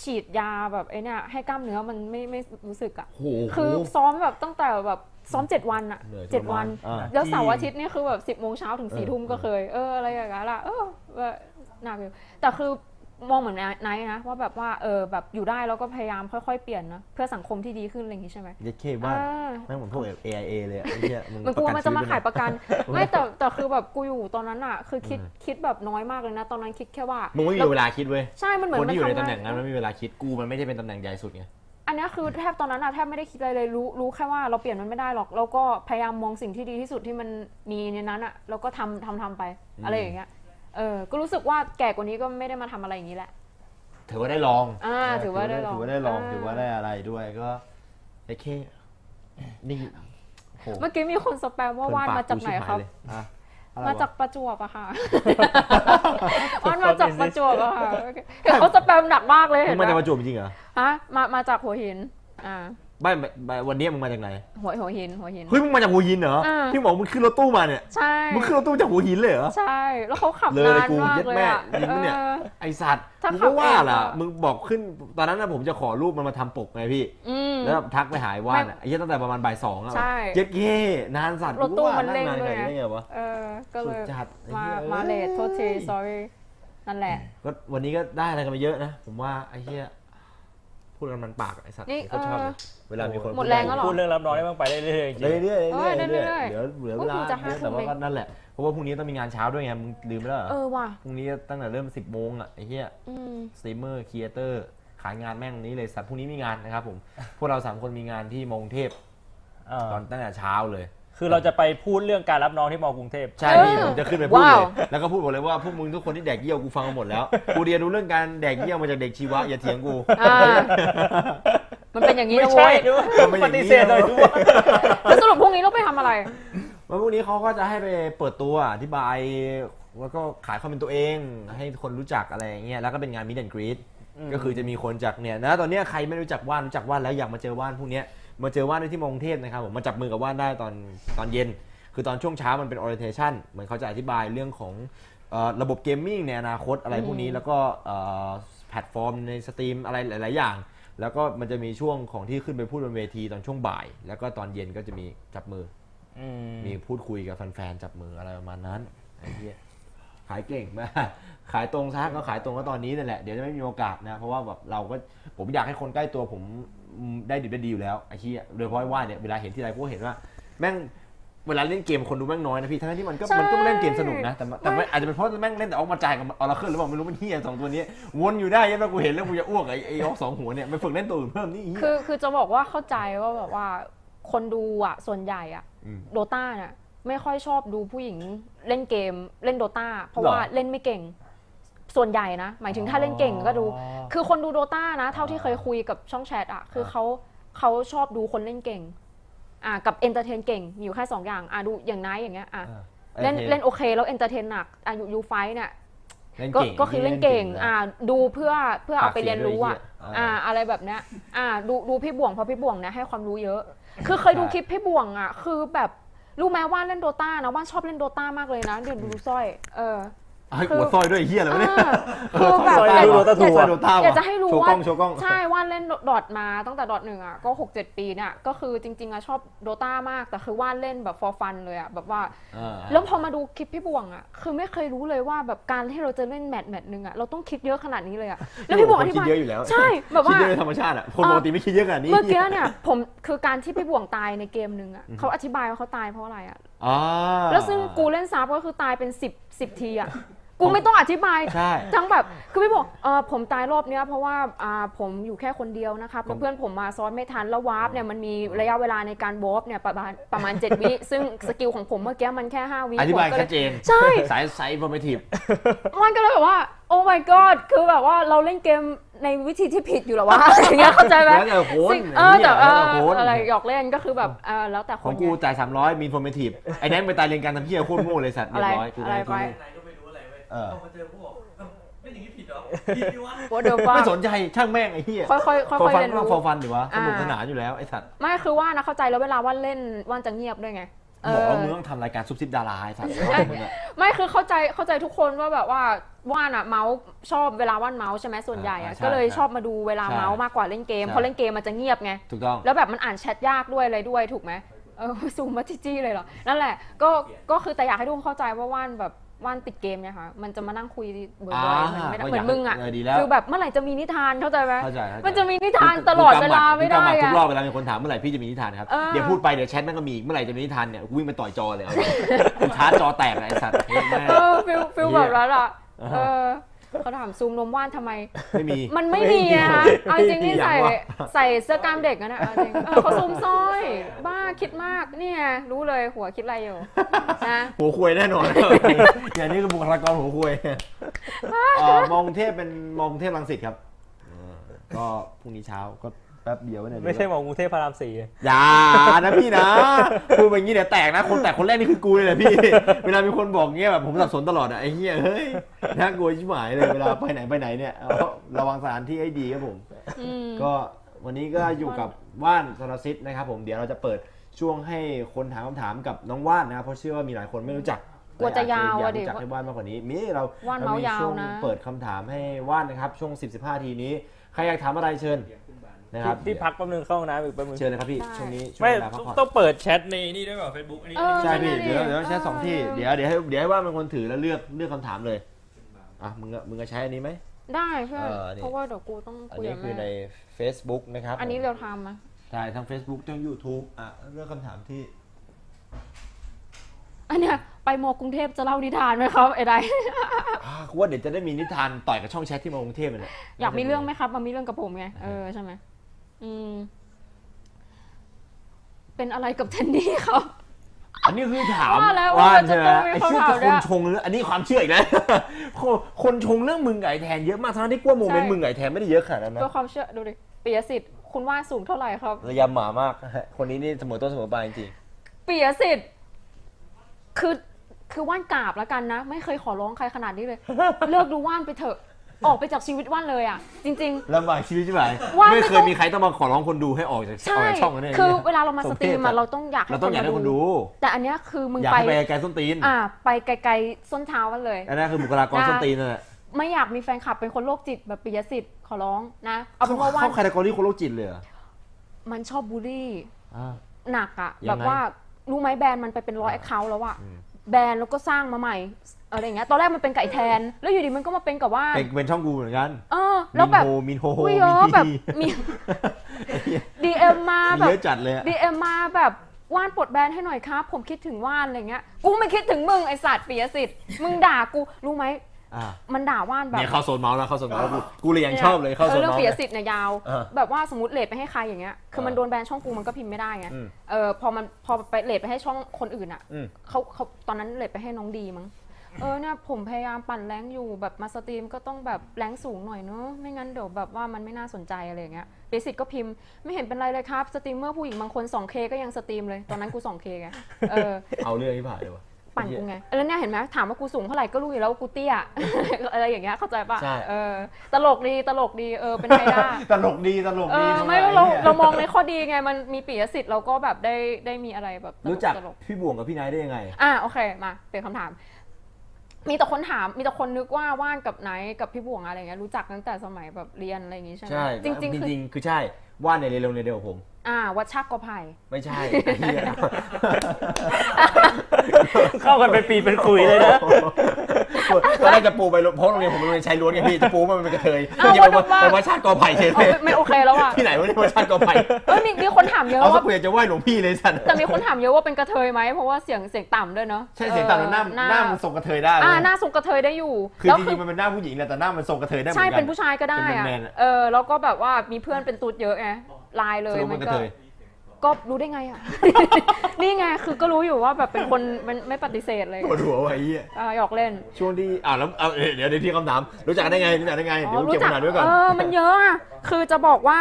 [SPEAKER 3] ฉีดยาแบบไอ้เนี่ยให้กล้ามเนื้อมันไม่ไม่รู้สึกอะ
[SPEAKER 1] โอ้โห
[SPEAKER 3] คือซ้อมแบบตั้งแต่แบบซ้อมเจ็ดวันอะ
[SPEAKER 1] เหนื่อย
[SPEAKER 3] เจ็ด
[SPEAKER 1] ทรมาน
[SPEAKER 3] วัน
[SPEAKER 1] อ่า
[SPEAKER 3] แล้วเสาร์อาทิตย์นี่คือแบบสิบโมงเช้าถึงสี่
[SPEAKER 1] เออ
[SPEAKER 3] ทุ่มก็เคย เอออะไรอย่างเงี้ยล่ะเออแบบหนักอยู่แต่คือมองเหมือนไนท์นะว่าแบบว่าเออแบบอยู่ได้แล้วก็พยายามค่อยๆเปลี่ยนนะเพื่อสังคมที่ดีขึ้นอะไรอย่างงี้ใช่ไหม
[SPEAKER 1] เย็ดเข้ว่า
[SPEAKER 3] อ่า
[SPEAKER 1] แม่งเหมือนพวก AIA เลยอะไอ้เหี้ยมึง
[SPEAKER 3] มันกลัวมันจะมาขาย
[SPEAKER 1] ป
[SPEAKER 3] ประ
[SPEAKER 1] กั
[SPEAKER 3] ระ กัน ไม่แต่แต่คือแบบกูอยู่ตอนนั้นอ่ะ คือคิดคิดแบบน้อยมากเลยนะ ตอนนั้นคิดแค่ว่า
[SPEAKER 1] ชีวิตด้วยนะมึงไม่มีเวลาคิดเว้ย
[SPEAKER 3] ใช่มันเหมือ
[SPEAKER 1] คน น
[SPEAKER 3] มั
[SPEAKER 1] ที่อยู่ใน
[SPEAKER 3] ทำ
[SPEAKER 1] ตำแหน่งนั้นมันไม่มีเวลาคิดกูมันไม่ได้เป็นตำแหน่งใหญ่สุดไง
[SPEAKER 3] อันนี้คือแทบตอนนั้นอ่ะแทบไม่ได้คิดอะไรเลยรู้รู้แค่ว่าเราเปลี่ยนมันไม่ได้หรอก แล้วก็พยายามมองสิ่งที่ดีที่สุดที่มันมีในนั้นอ่ะแล้วก็ทำทำทำไป
[SPEAKER 1] อืม
[SPEAKER 3] อะไรอย่างเงี้ยเออก็รู้สึกว่าแก่กว่านี้ก็ไม่ได้มาทำอะไรอย่างนี้แหละ
[SPEAKER 1] ถือว่าได้ลอง
[SPEAKER 3] อ่าถือว่าได้ลอง
[SPEAKER 1] ถือว่าได้ลอง
[SPEAKER 3] อ่า
[SPEAKER 1] ถือว่าได้อะไรด้วยก็ไอ้เคนี่โห
[SPEAKER 3] เมื่อกี้มีคนสแปมว่าว่านมาจากไหนครับ
[SPEAKER 1] เพิ่ปากกูชิหายเลยอ่ะอะไรวะ
[SPEAKER 3] มาจากประจวบ อะค่ะ ว่านมาจากประจวบอะค่ะโอเคเห็นเขาสแปมหนักมากเลย
[SPEAKER 1] มึ
[SPEAKER 3] เห็
[SPEAKER 1] ง
[SPEAKER 3] น
[SPEAKER 1] มาจากป
[SPEAKER 3] ไหม
[SPEAKER 1] ระจวบจริงเหรอ
[SPEAKER 3] ฮะมามาจากหัวหินอ่า
[SPEAKER 1] ไม่ไม่ไม่วันนี้มึงมาจากไหน
[SPEAKER 3] หัวหัวหินหัวหิน
[SPEAKER 1] เฮ้ยมึงมาจากหัวหินเหรอ
[SPEAKER 3] อ่า
[SPEAKER 1] ที่บอกมึงขึ้นรถตู้มาเนี่ย
[SPEAKER 3] ใช่
[SPEAKER 1] มึงขึ้นรถตู้จากหัวหินเลยเหรอ
[SPEAKER 3] ใช่ แล้วเขาขับ
[SPEAKER 1] เลย
[SPEAKER 3] นาน
[SPEAKER 1] กู
[SPEAKER 3] มาก
[SPEAKER 1] เย็ด
[SPEAKER 3] เลย
[SPEAKER 1] แม่
[SPEAKER 3] อ่ะ
[SPEAKER 1] จริงปะเนี่ย
[SPEAKER 3] ออ
[SPEAKER 1] ไอสัตว์
[SPEAKER 3] ถ้ามึ
[SPEAKER 1] มึงก็ว่า
[SPEAKER 3] ขับเอง
[SPEAKER 1] ล่ะ
[SPEAKER 3] ก็
[SPEAKER 1] มึงบอกขึ้นตอนนั้นนะผมจะขอรูปมันมาทำปกไงพี่
[SPEAKER 3] อืม
[SPEAKER 1] แล้วทักไปหายว่านอะไอ้เหี้ยตั้งแต่ประมาณบ่ายสองอะ
[SPEAKER 3] ใช่
[SPEAKER 1] เย็ดเย่นานสัตว์
[SPEAKER 3] รถตู้มันเร่ง
[SPEAKER 1] กู
[SPEAKER 3] ด้
[SPEAKER 1] ว่า
[SPEAKER 3] วย
[SPEAKER 1] งนานขนาดนี้
[SPEAKER 3] ไง
[SPEAKER 1] ได้ไงวะ
[SPEAKER 3] เออก็
[SPEAKER 1] สุ
[SPEAKER 3] เล
[SPEAKER 1] ด
[SPEAKER 3] ย
[SPEAKER 1] จัดไอ้
[SPEAKER 3] มา
[SPEAKER 1] เหี้ยอ้ย
[SPEAKER 3] มาเลทโทษที sorry นั่นแหละ
[SPEAKER 1] ก็วันนี้ก็ได้อะไรกันมาเยอะนะ ผมว่าไอ้เหี้ยพูดกันมันปากอะไอ้สัตว์
[SPEAKER 3] นี่
[SPEAKER 1] ก็ชอบ
[SPEAKER 3] เออ
[SPEAKER 1] นะเวลามีคน
[SPEAKER 3] หมดแรงแล้วเหรอ
[SPEAKER 2] พูดเรื่องรับน้อยได้บ้างไปได้เรื่อยๆจริง
[SPEAKER 1] เรื่อยๆเรื่อย
[SPEAKER 3] เออ
[SPEAKER 1] ๆ
[SPEAKER 3] เรื่
[SPEAKER 1] เรื่อ
[SPEAKER 3] อยๆ
[SPEAKER 1] ยๆเดี๋ยวเหลือเวลา
[SPEAKER 3] โอ้ยผมจะห้า
[SPEAKER 1] เยอะแต่ว่า
[SPEAKER 3] ทุ่มเอง
[SPEAKER 1] ก็นั่นแหละเพราะว่าพรุ่งนี้ต้องมีงานเช้าด้วยไงมึงลืมไปแล้วเหรอ
[SPEAKER 3] เออว่ะ
[SPEAKER 1] พรุ่งนี้ตั้งแต่เริ่ม 10โมงอ่ะไอ้เหี้ย
[SPEAKER 3] อืม
[SPEAKER 1] สตรีมเมอร์ครีเอเตอร์ขายงานแม่งนี้เลยสัตว์พรุ่งนี้มีงานนะครับผม พวกเราสามคนมีงานที่มอกรุงเทพ
[SPEAKER 2] เออ
[SPEAKER 1] ตอนตั้งแต่เช้าเลย
[SPEAKER 2] คือเราจะไปพูดเรื่องการรับน้องที่มอกรุงเทพ
[SPEAKER 1] ใช่พี่
[SPEAKER 3] เออ
[SPEAKER 1] ผมจะขึ้นไปพูด
[SPEAKER 3] ว้า
[SPEAKER 1] เล
[SPEAKER 3] ว
[SPEAKER 1] ยแล้วก็พูดบอกเลยว่าพวกมึงทุกคนที่แดกเยี่ยวกูฟังมาหมดแล้วกูเรียนรู้เรื่องการแดกเยี่ยวมาจากเด็กชีวะอย่าเถียงกู
[SPEAKER 3] อ่ามันเป็นอย่างนี้
[SPEAKER 2] ไม่
[SPEAKER 3] นะ
[SPEAKER 2] ใช่
[SPEAKER 3] เว้ย
[SPEAKER 2] ด้วย
[SPEAKER 1] มันเป็นอย่า
[SPEAKER 2] ป
[SPEAKER 1] งนี้
[SPEAKER 2] ฏิเสธเลยทุกคน
[SPEAKER 3] แล้วสรุปพรุ่งนี้เราไปทำอะไร
[SPEAKER 1] วันพรุ่งนี้เขาก็จะให้ไปเปิดตัวอธิบายแล้วก็ขายความเป็นตัวเอง ให้คนรู้จักอะไรอย่างเงี้ยแล้วก็เป็นงานมิดแอนกรีดก็คือจะมีคนจากเนี่ยนะตอนเนี้ยใครไม่รู้จักว่านรู้จักว่านแล้วอยากมาเจอว่านพวกเนี้ยมาเจอว่านได้ที่มอกรุงเทพนะครับผมมาจับมือกับว่านได้ตอนตอนเย็น คือตอนช่วงเช้ามันเป็น orientation เหมือนเขาจะอธิบายเรื่องของเอ่อระบบเกมมิ่งในอนาคตอะไรพวกนี้แล้วก็เอ่อแพลตฟอร์มในสตรีมอะไรหลาย ๆ อย่าง แล้วก็มันจะมีช่วงของที่ขึ้นไปพูดบนเวทีตอนช่วงบ่าย แล้วก็ตอนเย็นก็จะมีจับมือ
[SPEAKER 2] อืม
[SPEAKER 1] มีพูดคุยกับแฟนๆ จับมืออะไรประมาณนั้นไอ้เหี้ยขายเก่งมาก ขายตรงซะก็ขายตรงก็ตอนนี้นั่นแหละ เดี๋ยวจะไม่มีโอกาสนะ เพราะว่าแบบเราก็ผมอยากให้คนใกล้ตัวผมอืมได้ดีได้ดีอยู่แล้วไอ้เหี้ยโดยเฉพาะไอ้ว่าเนี่ยเวลาเห็นที่ไรพวกเห็นว่า แม่งเวลาเล่นเกมคนดูแม่งน้อยนะพี่ ทั้งที่มันก็
[SPEAKER 3] ใช่
[SPEAKER 1] มันก็เล่นเกมสนุกนะ แต่แต่ไม่อาจจะเป็นเพราะแม่งเล่นแต่ออกมาจ่ายกับออร์เคิลหรือเปล่าไม่รู้มันเฮียสองตัวนี้วนอยู่ได้ยังไงกูเห็นแล้วกูจะอ้วกไอ้ไอ้ออกสองหัวเนี่ยไปฝึกเล่นตัวอื่นเพิ่มนี่ไอ้เหี้ย
[SPEAKER 3] คือคือจะบอกว่าเข้าใจว่าแบบว่าคนดูอ่ะส่วนใหญ่อ่ะ
[SPEAKER 1] อืม
[SPEAKER 3] โดตาน่ะไม่ค่อยชอบดูผู้หญิงเล่นเกมเล่นโดตาเพราะ
[SPEAKER 1] เหรอ
[SPEAKER 3] ว่าเล่นไม่เก่ง ส่วนใหญ่นะ หมายถึงถ้าเล่นเก่งก็ดู คือคนดูโดตานะ เท่าที่เคยคุยกับช่องแชทอ่ะคือเขาเขาชอบดูคนเล่นเก่งอ่ะกับเอนเตอร์เทนเก่งมีอยู่แค่สองอย่างอ่ะดูอย่างนายอย่างเงี้ยอ่ะ
[SPEAKER 1] อ่ะ
[SPEAKER 3] เล่นเล่นโอเคแล้วเอนเตอร์เทนหนักอ่ะอยู่ยูไฟเนี่ย
[SPEAKER 1] เล่น
[SPEAKER 3] ก็
[SPEAKER 1] เง
[SPEAKER 3] ก็คือเล่นเก่ง
[SPEAKER 1] ยู่แล้ว
[SPEAKER 3] อ่า ดูเพื่อ เพื่อเอาไปเรียนรู้อ่ะ
[SPEAKER 1] อ่า
[SPEAKER 3] อ่า อะไรแบบเนี้ย อ่า ดู ดูพี่บ่วง เพราะพี่บ่วงเนี่ยให้ความรู้เยอะ คือเคยดู
[SPEAKER 1] ใช่
[SPEAKER 3] คลิปพี่บ่วงอ่ะ คือแบบ รู้ไหมว่าเล่นโดตานะว่าชอบเล่นโดตามากเลยนะ เดี๋ยวดูสร้อย เออ
[SPEAKER 1] ให้หัวซอยด้วยไอ้เฮียอะไรวะเนี่ย
[SPEAKER 3] อ่าคือแบบ
[SPEAKER 1] ซอย
[SPEAKER 3] อยาก
[SPEAKER 1] ดูโดตาทัวร์
[SPEAKER 3] อยาก
[SPEAKER 1] โดตา
[SPEAKER 3] อยากจะให้รู้
[SPEAKER 1] โชว์
[SPEAKER 3] ว่าก
[SPEAKER 1] ล้องโชว์กล้อง
[SPEAKER 3] ใช่ว่าเล่นดอทมาตั้งแต่ดอทหนึ่งอ่ะก็ 6 7 ปีเนี่ยก็คือจริงๆอะชอบโดตามากแต่คือว่าเล่นแบบ for fun เลยอ่ะแบบว่า
[SPEAKER 1] อ่า
[SPEAKER 3] แล้วพอมาดูคลิปพี่บ่วงอ่ะ คือไม่เคยรู้เลยว่าแบบการที่เราจะเล่นแมตช์แมตช์หนึ่งอ่ะ เราต้องคิดเยอะขนาดนี้ เลยอ่ะ แล้วพี่บ่วงอธิบาย
[SPEAKER 1] คิดเยอะอยู่แล้ว
[SPEAKER 3] ใช่ แบบ
[SPEAKER 1] คิด
[SPEAKER 3] ว่า
[SPEAKER 1] เยอะในธรรมชาติอ่ะ คน
[SPEAKER 3] เออ
[SPEAKER 1] ปกติไม่คิดเยอะขนาดนี้
[SPEAKER 3] เมื่อกี้เนี่ย ผมคือการที่พี่บ่วงตายในเกมหนึ่งอ่ะเขาอธิบายว่าเขาตายเพราะอะไรอ่ะ
[SPEAKER 1] อ่า
[SPEAKER 3] แล้วซึ่งกูเล่นซับก็คือตายเป็น 10 10ทีอ่ะ กูไม่ต้องอธิบาย
[SPEAKER 4] ใช่
[SPEAKER 3] จังแบบ คือพี่บอกเออผมตายรอบเนี้ยเพราะว่าอ่าผมอยู่แค่คนเดียวนะครับแล้วเพื่อนผมมาซ้อนไม่ทัน แล้ววาร์ปเนี่ยมันมีระยะเวลาในการวอร์ปเนี่ยประมาณประมาณ 7 วิ ซึ่งสกิลของผมเมื่อกี้มันแค่ 5 วิ
[SPEAKER 1] อธิบาย
[SPEAKER 3] ผมก็เล
[SPEAKER 1] ชัดเจน
[SPEAKER 3] ใช่
[SPEAKER 1] สายสายโรแมนติก
[SPEAKER 3] มันก็เลยแบบว่า โอ้ my god คือแบบว่าเราเล่นเกมในวิธีที่ผิดอยู่เหรอวะ อะไรเงี้ยเข้าใจไหม
[SPEAKER 1] แล้วแต่คน
[SPEAKER 3] สิ่งเออแต่เอ
[SPEAKER 1] แล้ว
[SPEAKER 3] อ
[SPEAKER 1] แต่คน
[SPEAKER 3] อะไรหยอกเล่นก็คือแบบเออแล้วแต่ค
[SPEAKER 1] ของ
[SPEAKER 3] น
[SPEAKER 1] กูจ่ายสามร้อยมีโรแมนติกไอ้นั่นไปตายเรียนการทำเพี้ยโคตรโง่เลยสัตว์เรี
[SPEAKER 3] อะ
[SPEAKER 1] ย
[SPEAKER 3] ไร
[SPEAKER 1] บร้อยกู
[SPEAKER 3] อะไร
[SPEAKER 1] ได้กู
[SPEAKER 3] ไป
[SPEAKER 7] ไหนก็ไม่รู้อะไรเว้ย
[SPEAKER 1] เออ
[SPEAKER 7] เอามาเจอพวกเอ้าไม่อย่างนี้ผิดเหรอ ผิดดิวะ
[SPEAKER 3] ว่าเดิมว่า
[SPEAKER 1] ไม่สนใจช่างแม่งไอ้เหี้ย
[SPEAKER 3] ค่อยๆค่อยๆ
[SPEAKER 1] ฟอร์ฟัน
[SPEAKER 3] เรียน
[SPEAKER 1] ก็ต้อ
[SPEAKER 3] รู้
[SPEAKER 1] งฟอร์ฟันดิวะส
[SPEAKER 3] อ่า
[SPEAKER 1] นุกสนานอยู่แล้วไอ้สัตว์
[SPEAKER 3] ไม่คือว่านะเข้าใจแล้วเวลาว่านเล่นว่านจะเงียบด้วยไงเ
[SPEAKER 1] บอกว่ามึงต้องทำรายการซุบซิบดาราไอ้สัตว์แล้วมึงอะ
[SPEAKER 3] ไม่คือเข้าใจเข้าใจทุกคนว่าแบบว่าว่านอะเมาส์ชอบเวลาว่านเมาส์ใช่ไหมส่วนใหญ่อะ
[SPEAKER 1] อ่าใช่
[SPEAKER 3] ก็เลยชอบมาดูเวลา
[SPEAKER 1] ใช่
[SPEAKER 3] เมาส์มากกว่าเล่นเกม
[SPEAKER 1] ใช่
[SPEAKER 3] เพราะเล่นเกมมันจะเงียบไง
[SPEAKER 1] ถูกต้อง
[SPEAKER 3] แล้วแบบมันอ่านแชทยากด้วยอะไรด้วยถูกไหมเอ อ ซูมมาที่จี้เลยเหรอ นั่นแหละ ก็ก็คือแต่อยากให้ทุกคนเข้าใจว่าว่านแบบว่านติดเกมเนี่ยค่ะ มันจะมานั่งคุยเบื่อ
[SPEAKER 1] อ่า
[SPEAKER 3] ๆมันไม่ได้เหมือนมึงอ่ะ
[SPEAKER 1] เออดีแล้ว
[SPEAKER 3] คือแบบเมื่อไหร่จะมีนิทานเข้าใจไหม
[SPEAKER 1] เข้าใจเข้าใจ
[SPEAKER 3] มันจะมีนิทานตลอดเวลาไม่ได้
[SPEAKER 1] ทุก
[SPEAKER 3] อะ
[SPEAKER 1] รอบเวลามีคนถามเมื่อไหร่พี่จะมีนิทานครับ
[SPEAKER 3] เออ
[SPEAKER 1] เดี๋ยวพูดไปเดี๋ยวแชทนั่นก็มีอีกเมื่อไหร่จะมีนิทานเนี่ยกูวิ่งไปต่อยจอเลยเอากูชาร์จจอแตกเลยไอ้สัตว์แม่
[SPEAKER 3] เออฟิลฟิลแบบนั้นอ่ะเออเขาถามซูมนมว่านทำไม
[SPEAKER 1] ไม่มี
[SPEAKER 3] มันไม่มีอะเอาจริง
[SPEAKER 1] ไม่มี
[SPEAKER 3] นี่ใส่
[SPEAKER 1] อย่างวะ
[SPEAKER 3] ใส่เสื้อกล้ามเด็กนะเนี่ยเอาจริงเออเขาซูมสร้อย บ้าคิดมากเนี่ย รู้เลยหัวคิดอะไรอยู่นะ
[SPEAKER 1] หัวคุยแน่นอน อย่างนี้คือบุคลากรหัวคุยเอ่อมองเทพเป็นมองเทพรังสิตครับเออก็พรุ่งนี้เช้าก็แป๊บเดียวเนี่ย
[SPEAKER 2] ไม่ใช่หมอกรุงเทพพระรามสี่
[SPEAKER 1] อย่านะพี่นะ พูดแบบนี้เดี๋ยวแตกนะ คนแตกคนแรกนี่คือกูเลยแหละพี่ เวลามีคนบอกเงี้ยแบบผมสับสนตลอดอะไอ้เหี้ยเฮ้ยน่ากลัวชิบหายเลยเวลาไปไหนไปไหนเนี่ยเอาระวังสถานที่ให้ดีครับผม
[SPEAKER 3] อืม
[SPEAKER 1] ก็วันนี้ก็อยู่กับว่านสารสิทธิ์นะครับผมเดี๋ยวเราจะเปิดช่วงให้คนถามคำถามกับน้องว่านนะครับเพราะเชื่อว่ามีหลายคนไม่รู้จัก
[SPEAKER 3] กลัวจะยาว
[SPEAKER 1] อยา
[SPEAKER 3] อะ
[SPEAKER 1] กรู้จัก
[SPEAKER 3] ดิ
[SPEAKER 1] ให้ว่านมากกว่านี้มีเรา
[SPEAKER 3] ว่าน
[SPEAKER 1] เรา
[SPEAKER 3] เมาส์
[SPEAKER 1] มี
[SPEAKER 3] ยาว
[SPEAKER 1] ช่วง
[SPEAKER 3] นะ
[SPEAKER 1] เปิดคำถามให้ว่านนะครับช่วง 10 15 ทีนี้ใครอยากถามอะไรเชิญนะครับ
[SPEAKER 2] ที่พักแป๊บนึงเข้าห้องน้ำอีกแป๊บนึง
[SPEAKER 1] เชิญนะครับพี่ช่วงนี้ช่วง
[SPEAKER 2] ไม่
[SPEAKER 1] เวลาพักผ่อน
[SPEAKER 2] ต้องเปิดแชทในนี่ด้วยเปล่าเฟซบุ๊กอันนี้
[SPEAKER 3] เออ
[SPEAKER 1] ใช่พี่เดี๋ยว
[SPEAKER 3] เออ
[SPEAKER 1] เดี๋ยวแชทสองที่
[SPEAKER 3] เออ
[SPEAKER 1] เดี๋ยวเดี๋ยวให้เดี๋ยวให้ว่านเป็นคนถือแล้วเลือกเลือกคำถามเลยอ่ะมึงก็มึงก็ใช้อันนี้ไหม
[SPEAKER 3] ได้เพื่อน
[SPEAKER 1] เออนี่
[SPEAKER 3] เพราะว่าเดี๋ยวกูต้อง
[SPEAKER 1] อัน
[SPEAKER 3] คุย
[SPEAKER 1] นี้
[SPEAKER 3] กับ
[SPEAKER 1] คือใน
[SPEAKER 3] แม่
[SPEAKER 1] Facebook นะครับ
[SPEAKER 3] อันนี้
[SPEAKER 1] ผม
[SPEAKER 3] เรียวไทม์ไหม
[SPEAKER 1] ใช่ทั้ง Facebook ทั้ง YouTube อ่ะเรื่องคำถามที่
[SPEAKER 3] อันเนี้ยไปมอกรุงเทพจะเล่านิทานไหมครับไอ้ใด
[SPEAKER 1] อ่ากูว่าเดี๋ยวจะได้มีนิทานต่อยกับช่องแชทที่มากรุงเทพเลย
[SPEAKER 3] อยากมีเรื่องไหมครับมามีเรื่องกับผมไง เออใช่ไหมอืม เป็นอะไรกับเทนนี่ครับ
[SPEAKER 1] อันนี้คือถาม
[SPEAKER 3] ว่าแล้ว
[SPEAKER 1] ว่า
[SPEAKER 3] ว่าจะ
[SPEAKER 1] ใช่ไหม
[SPEAKER 3] ต้องมี
[SPEAKER 1] ไอ้เชื่อกับค
[SPEAKER 3] คำถามด้วน ย
[SPEAKER 1] ชงเรื่องอันนี้ความเชื่ออีกแล้ว คนคนชงเรื่องมึงไก่แทนเยอะมากทั้งที่กว่าโมเมนต์มึงไก่แทนไม่ได้เยอะขนาดนั้นนะ
[SPEAKER 3] เพื่อความเชื่อดูดิปิยสิทธิ์คุณว่าสูงเท่าไหร่ครับ
[SPEAKER 1] ระยำหมามาก คนนี้นี่เสมอต้นเสมอปลายจริง
[SPEAKER 3] ปิยสิทธิ์คือคือว่านกราบแล้วกันนะ ไม่เคยขอร้องใครขนาดนี้เลย เลิกดูว่านไปเถอะ ออกไปจากชีวิตว่านเลยอ่ะ จริง ๆ
[SPEAKER 1] ๆลำบากชีวิตใช่ไหม
[SPEAKER 3] ว่าไม่
[SPEAKER 1] ไม่เค
[SPEAKER 3] ต้
[SPEAKER 1] ย
[SPEAKER 3] อง
[SPEAKER 1] มีใครต้องมาขอร้องคนดูให้ออกจากออ
[SPEAKER 3] ใช่
[SPEAKER 1] กจากช่องกันเนี่ย
[SPEAKER 3] คือเวลาเรามาสตรีม
[SPEAKER 1] เพ
[SPEAKER 3] อะ
[SPEAKER 1] อะ
[SPEAKER 3] เราต้องอยากให้
[SPEAKER 1] เราต้องอยากให้คนดู
[SPEAKER 3] แต่อันเนี้ยคือมึง
[SPEAKER 1] อยาก
[SPEAKER 3] ไป
[SPEAKER 1] ให้ไปไกลส้นตีน
[SPEAKER 3] อ่า ไปไกลๆส้นเท้ามันเลย
[SPEAKER 1] อันนั้นคือบุคลากรส้นตีนนั่นแหละ
[SPEAKER 3] ไม่อยากมีแฟนคลับเป็นคนโรคจิตแบบปิยสิทธิ์ขอร้องนะ เอาเป็
[SPEAKER 1] เขา
[SPEAKER 3] นว่าว่า
[SPEAKER 1] เข้าแคตตากรีคนโรคจิตเลยเหรอ
[SPEAKER 3] มันชอบบูลลี่
[SPEAKER 1] อ่า
[SPEAKER 3] หนักอะ
[SPEAKER 1] ยังไง
[SPEAKER 3] แบบว่ารู้ไหมแบรนด์มันไปเป็นร้อยแอคเคาท์แล้วอะแบรนด์แล้วก็สร้างมาใหม่อะไรอย่างเงี้ยตอนแรกมันเป็นไก่แทน แล้วอยู่ดีมันก็มาเป็นกับว่า
[SPEAKER 1] เป็นเป็นช่องกูเหมือนกัน
[SPEAKER 3] เออ แล้วแบบ
[SPEAKER 1] มินโฮ
[SPEAKER 3] อุ้
[SPEAKER 1] มิ
[SPEAKER 3] ย
[SPEAKER 1] น
[SPEAKER 3] เย
[SPEAKER 1] โฮ
[SPEAKER 3] อะแบบ
[SPEAKER 1] มี
[SPEAKER 3] มี DM มา
[SPEAKER 1] มี
[SPEAKER 3] แบบ
[SPEAKER 1] เยอะจัดเลยอะ
[SPEAKER 3] ดีเอ็มมาแบบว่านปลดแบนให้หน่อยครับ ผมคิดถึงว่านอะไรเงี้ย กูไม่คิดถึงมึงไอสัตว์ปิยสิทธิ์มึงด่ากูรู้ไหม
[SPEAKER 1] อ่ะ
[SPEAKER 3] มันด่าว่านแบบ
[SPEAKER 1] เนี่ยเข้าโซนเมาส์แล้วเข้าโซนเมาส์แล้วกูกูเลยยังชอบเลยเข้าโซน
[SPEAKER 3] เรื่อง
[SPEAKER 1] เมาส์
[SPEAKER 3] ปิย
[SPEAKER 1] เนี่ย
[SPEAKER 3] สิทธิ์เนี่ยยาว
[SPEAKER 1] เออ
[SPEAKER 3] แบบว่าสมมติเลทไปให้ใครอย่างเงี้ยคือมัน
[SPEAKER 1] เออ
[SPEAKER 3] โดนแบนช่องกูมันก็พิมพ์ไม่ได้ไง
[SPEAKER 1] อืม
[SPEAKER 3] เออพอมันพอไปเลทไปให้ช่องคนอื่นอ่ะ
[SPEAKER 1] อืม
[SPEAKER 3] เขาเขาตอนนั้นเลทไปให้น้องดีมั้ง เออเนี่ยผมพยายามปั่นแรงอยู่แบบมาสตรีมก็ต้องแบบแรงสูงหน่อยเนอะไม่งั้นเดี๋ยวแบบว่ามันไม่น่าสนใจอะไรอย่างเงี้ยเบสิกก็พิมพ์ไม่เห็นเป็นไรเลยครับสตรีมเมอร์ผู้หญิงบางคน 2K ก็ยังสตรีมเลยตอนนั้นกู 2K ไงเออ
[SPEAKER 1] เอาเรื่องที่ผ่านเลยวะ
[SPEAKER 3] ปั่นกูไงแล้วเนี่ยเห็นไหมถามว่ากูสูงเท่าไหร่ก็รู้อยู่แล้วว่ากูเตี้ย อะไรอย่างเงี้ยเข้าใจป่ะ
[SPEAKER 1] ใช่
[SPEAKER 3] เออตลกดีตลกดีเออเป็นไงได้
[SPEAKER 1] ตลกดีตลก
[SPEAKER 3] เอ
[SPEAKER 1] ดี
[SPEAKER 3] อไม่
[SPEAKER 1] ง
[SPEAKER 3] เรา
[SPEAKER 1] นี่ย
[SPEAKER 3] เรามองในข้อดีไงมันมีปิยสิทธิ์เราก็แบบได้ได้มีอะไรแบบตล
[SPEAKER 1] รู้จัก
[SPEAKER 3] ตล
[SPEAKER 1] พี่บ่วงกับพี่นายได้ยังไง
[SPEAKER 3] อ่ะโอเคมาเปลี่ยนคำถาม มีแต่คนถามมีแต่คนนึกว่าว่านกับไนท์กับพี่บวงอะไรเงี้ยรู้จักตั้งแต่สมัยแบบเรียนอะไรอย่างงี้ใช่ไหม
[SPEAKER 1] ใช่
[SPEAKER 3] จริง ๆ คือ
[SPEAKER 1] จริงๆคือใช่ว่าในเร็วๆในเดียวกับผม
[SPEAKER 3] อ่าวัดชักกอไผ่
[SPEAKER 1] ไม่ใช่ไอ้เหี้ย
[SPEAKER 2] เข้ากันเป็นปีเป็นคุยเลยนะ
[SPEAKER 8] ตอนแรกจะปูไปเพราะโรงเรียนผมเป็นโรงเรียนชายล้วนไงพี่จะปูมันเป็นกระเทย
[SPEAKER 3] อ้าว
[SPEAKER 8] จริงๆมัน
[SPEAKER 3] ว่าว่า
[SPEAKER 8] ไปว่าชาติกอไผ่เฉย
[SPEAKER 3] เอาไม่ไม่โอเคแล้วอ่ะ
[SPEAKER 8] ที่ไหนวะเนี่ยว่าชาติกอไผ่
[SPEAKER 3] เอ้ยมีมีคนถามเยอะ
[SPEAKER 8] เอาสัก
[SPEAKER 3] ว่า
[SPEAKER 8] เพื่อจะไหว้หลวงพี่เลยสัน
[SPEAKER 3] แต่มีคนถามเยอะว่าเป็นกระเทยไหมเพราะว่าเสียงเสียงต่ำด้วยเนาะ
[SPEAKER 8] ใช่เสียงต่ำแล้วหน้า
[SPEAKER 3] เออ
[SPEAKER 8] หน้ามันทรงกระเทยได้เลย
[SPEAKER 3] อ่าหน้าทรงกระเทยได้อยู่
[SPEAKER 8] คือ
[SPEAKER 3] แล้ว
[SPEAKER 8] จ
[SPEAKER 3] คื
[SPEAKER 8] ริงๆมันเป็นหน้าผู้หญิงแหละแต่หน้ามันทรงกระเทยได้เหมือน
[SPEAKER 3] ใช่
[SPEAKER 8] กัน
[SPEAKER 3] เป็นผู้ชายก็ได้อะ
[SPEAKER 8] เป็นแมนๆอะ
[SPEAKER 3] เออแล้วก็แบบว่ามีเพื่อนเป็นตุ๊ดเยอะไงไลายเลย
[SPEAKER 8] สรุป
[SPEAKER 3] มั
[SPEAKER 8] มัน
[SPEAKER 3] น
[SPEAKER 8] กระ
[SPEAKER 3] ก็
[SPEAKER 8] เทย
[SPEAKER 3] ก็รู้ได้ไง อ่ะ นี่ไงคือก็รู้อยู่ว่าแบบเป็นคนมันไม่ปฏิเสธเลย
[SPEAKER 8] ปวดหัวว่ะไอ้เหี้ย
[SPEAKER 3] เออหยอกเล่น
[SPEAKER 8] ช่วงที่อ่าแล้วเอาเอ้ยเดี๋ยวเดี๋ยวที่คำถามรู้จักกันได้ไงรู้จักได้ไงเดี๋ยวเก็บขนาดไว้ก่อน
[SPEAKER 3] เออมันเยอะอะคือจะบอกว่า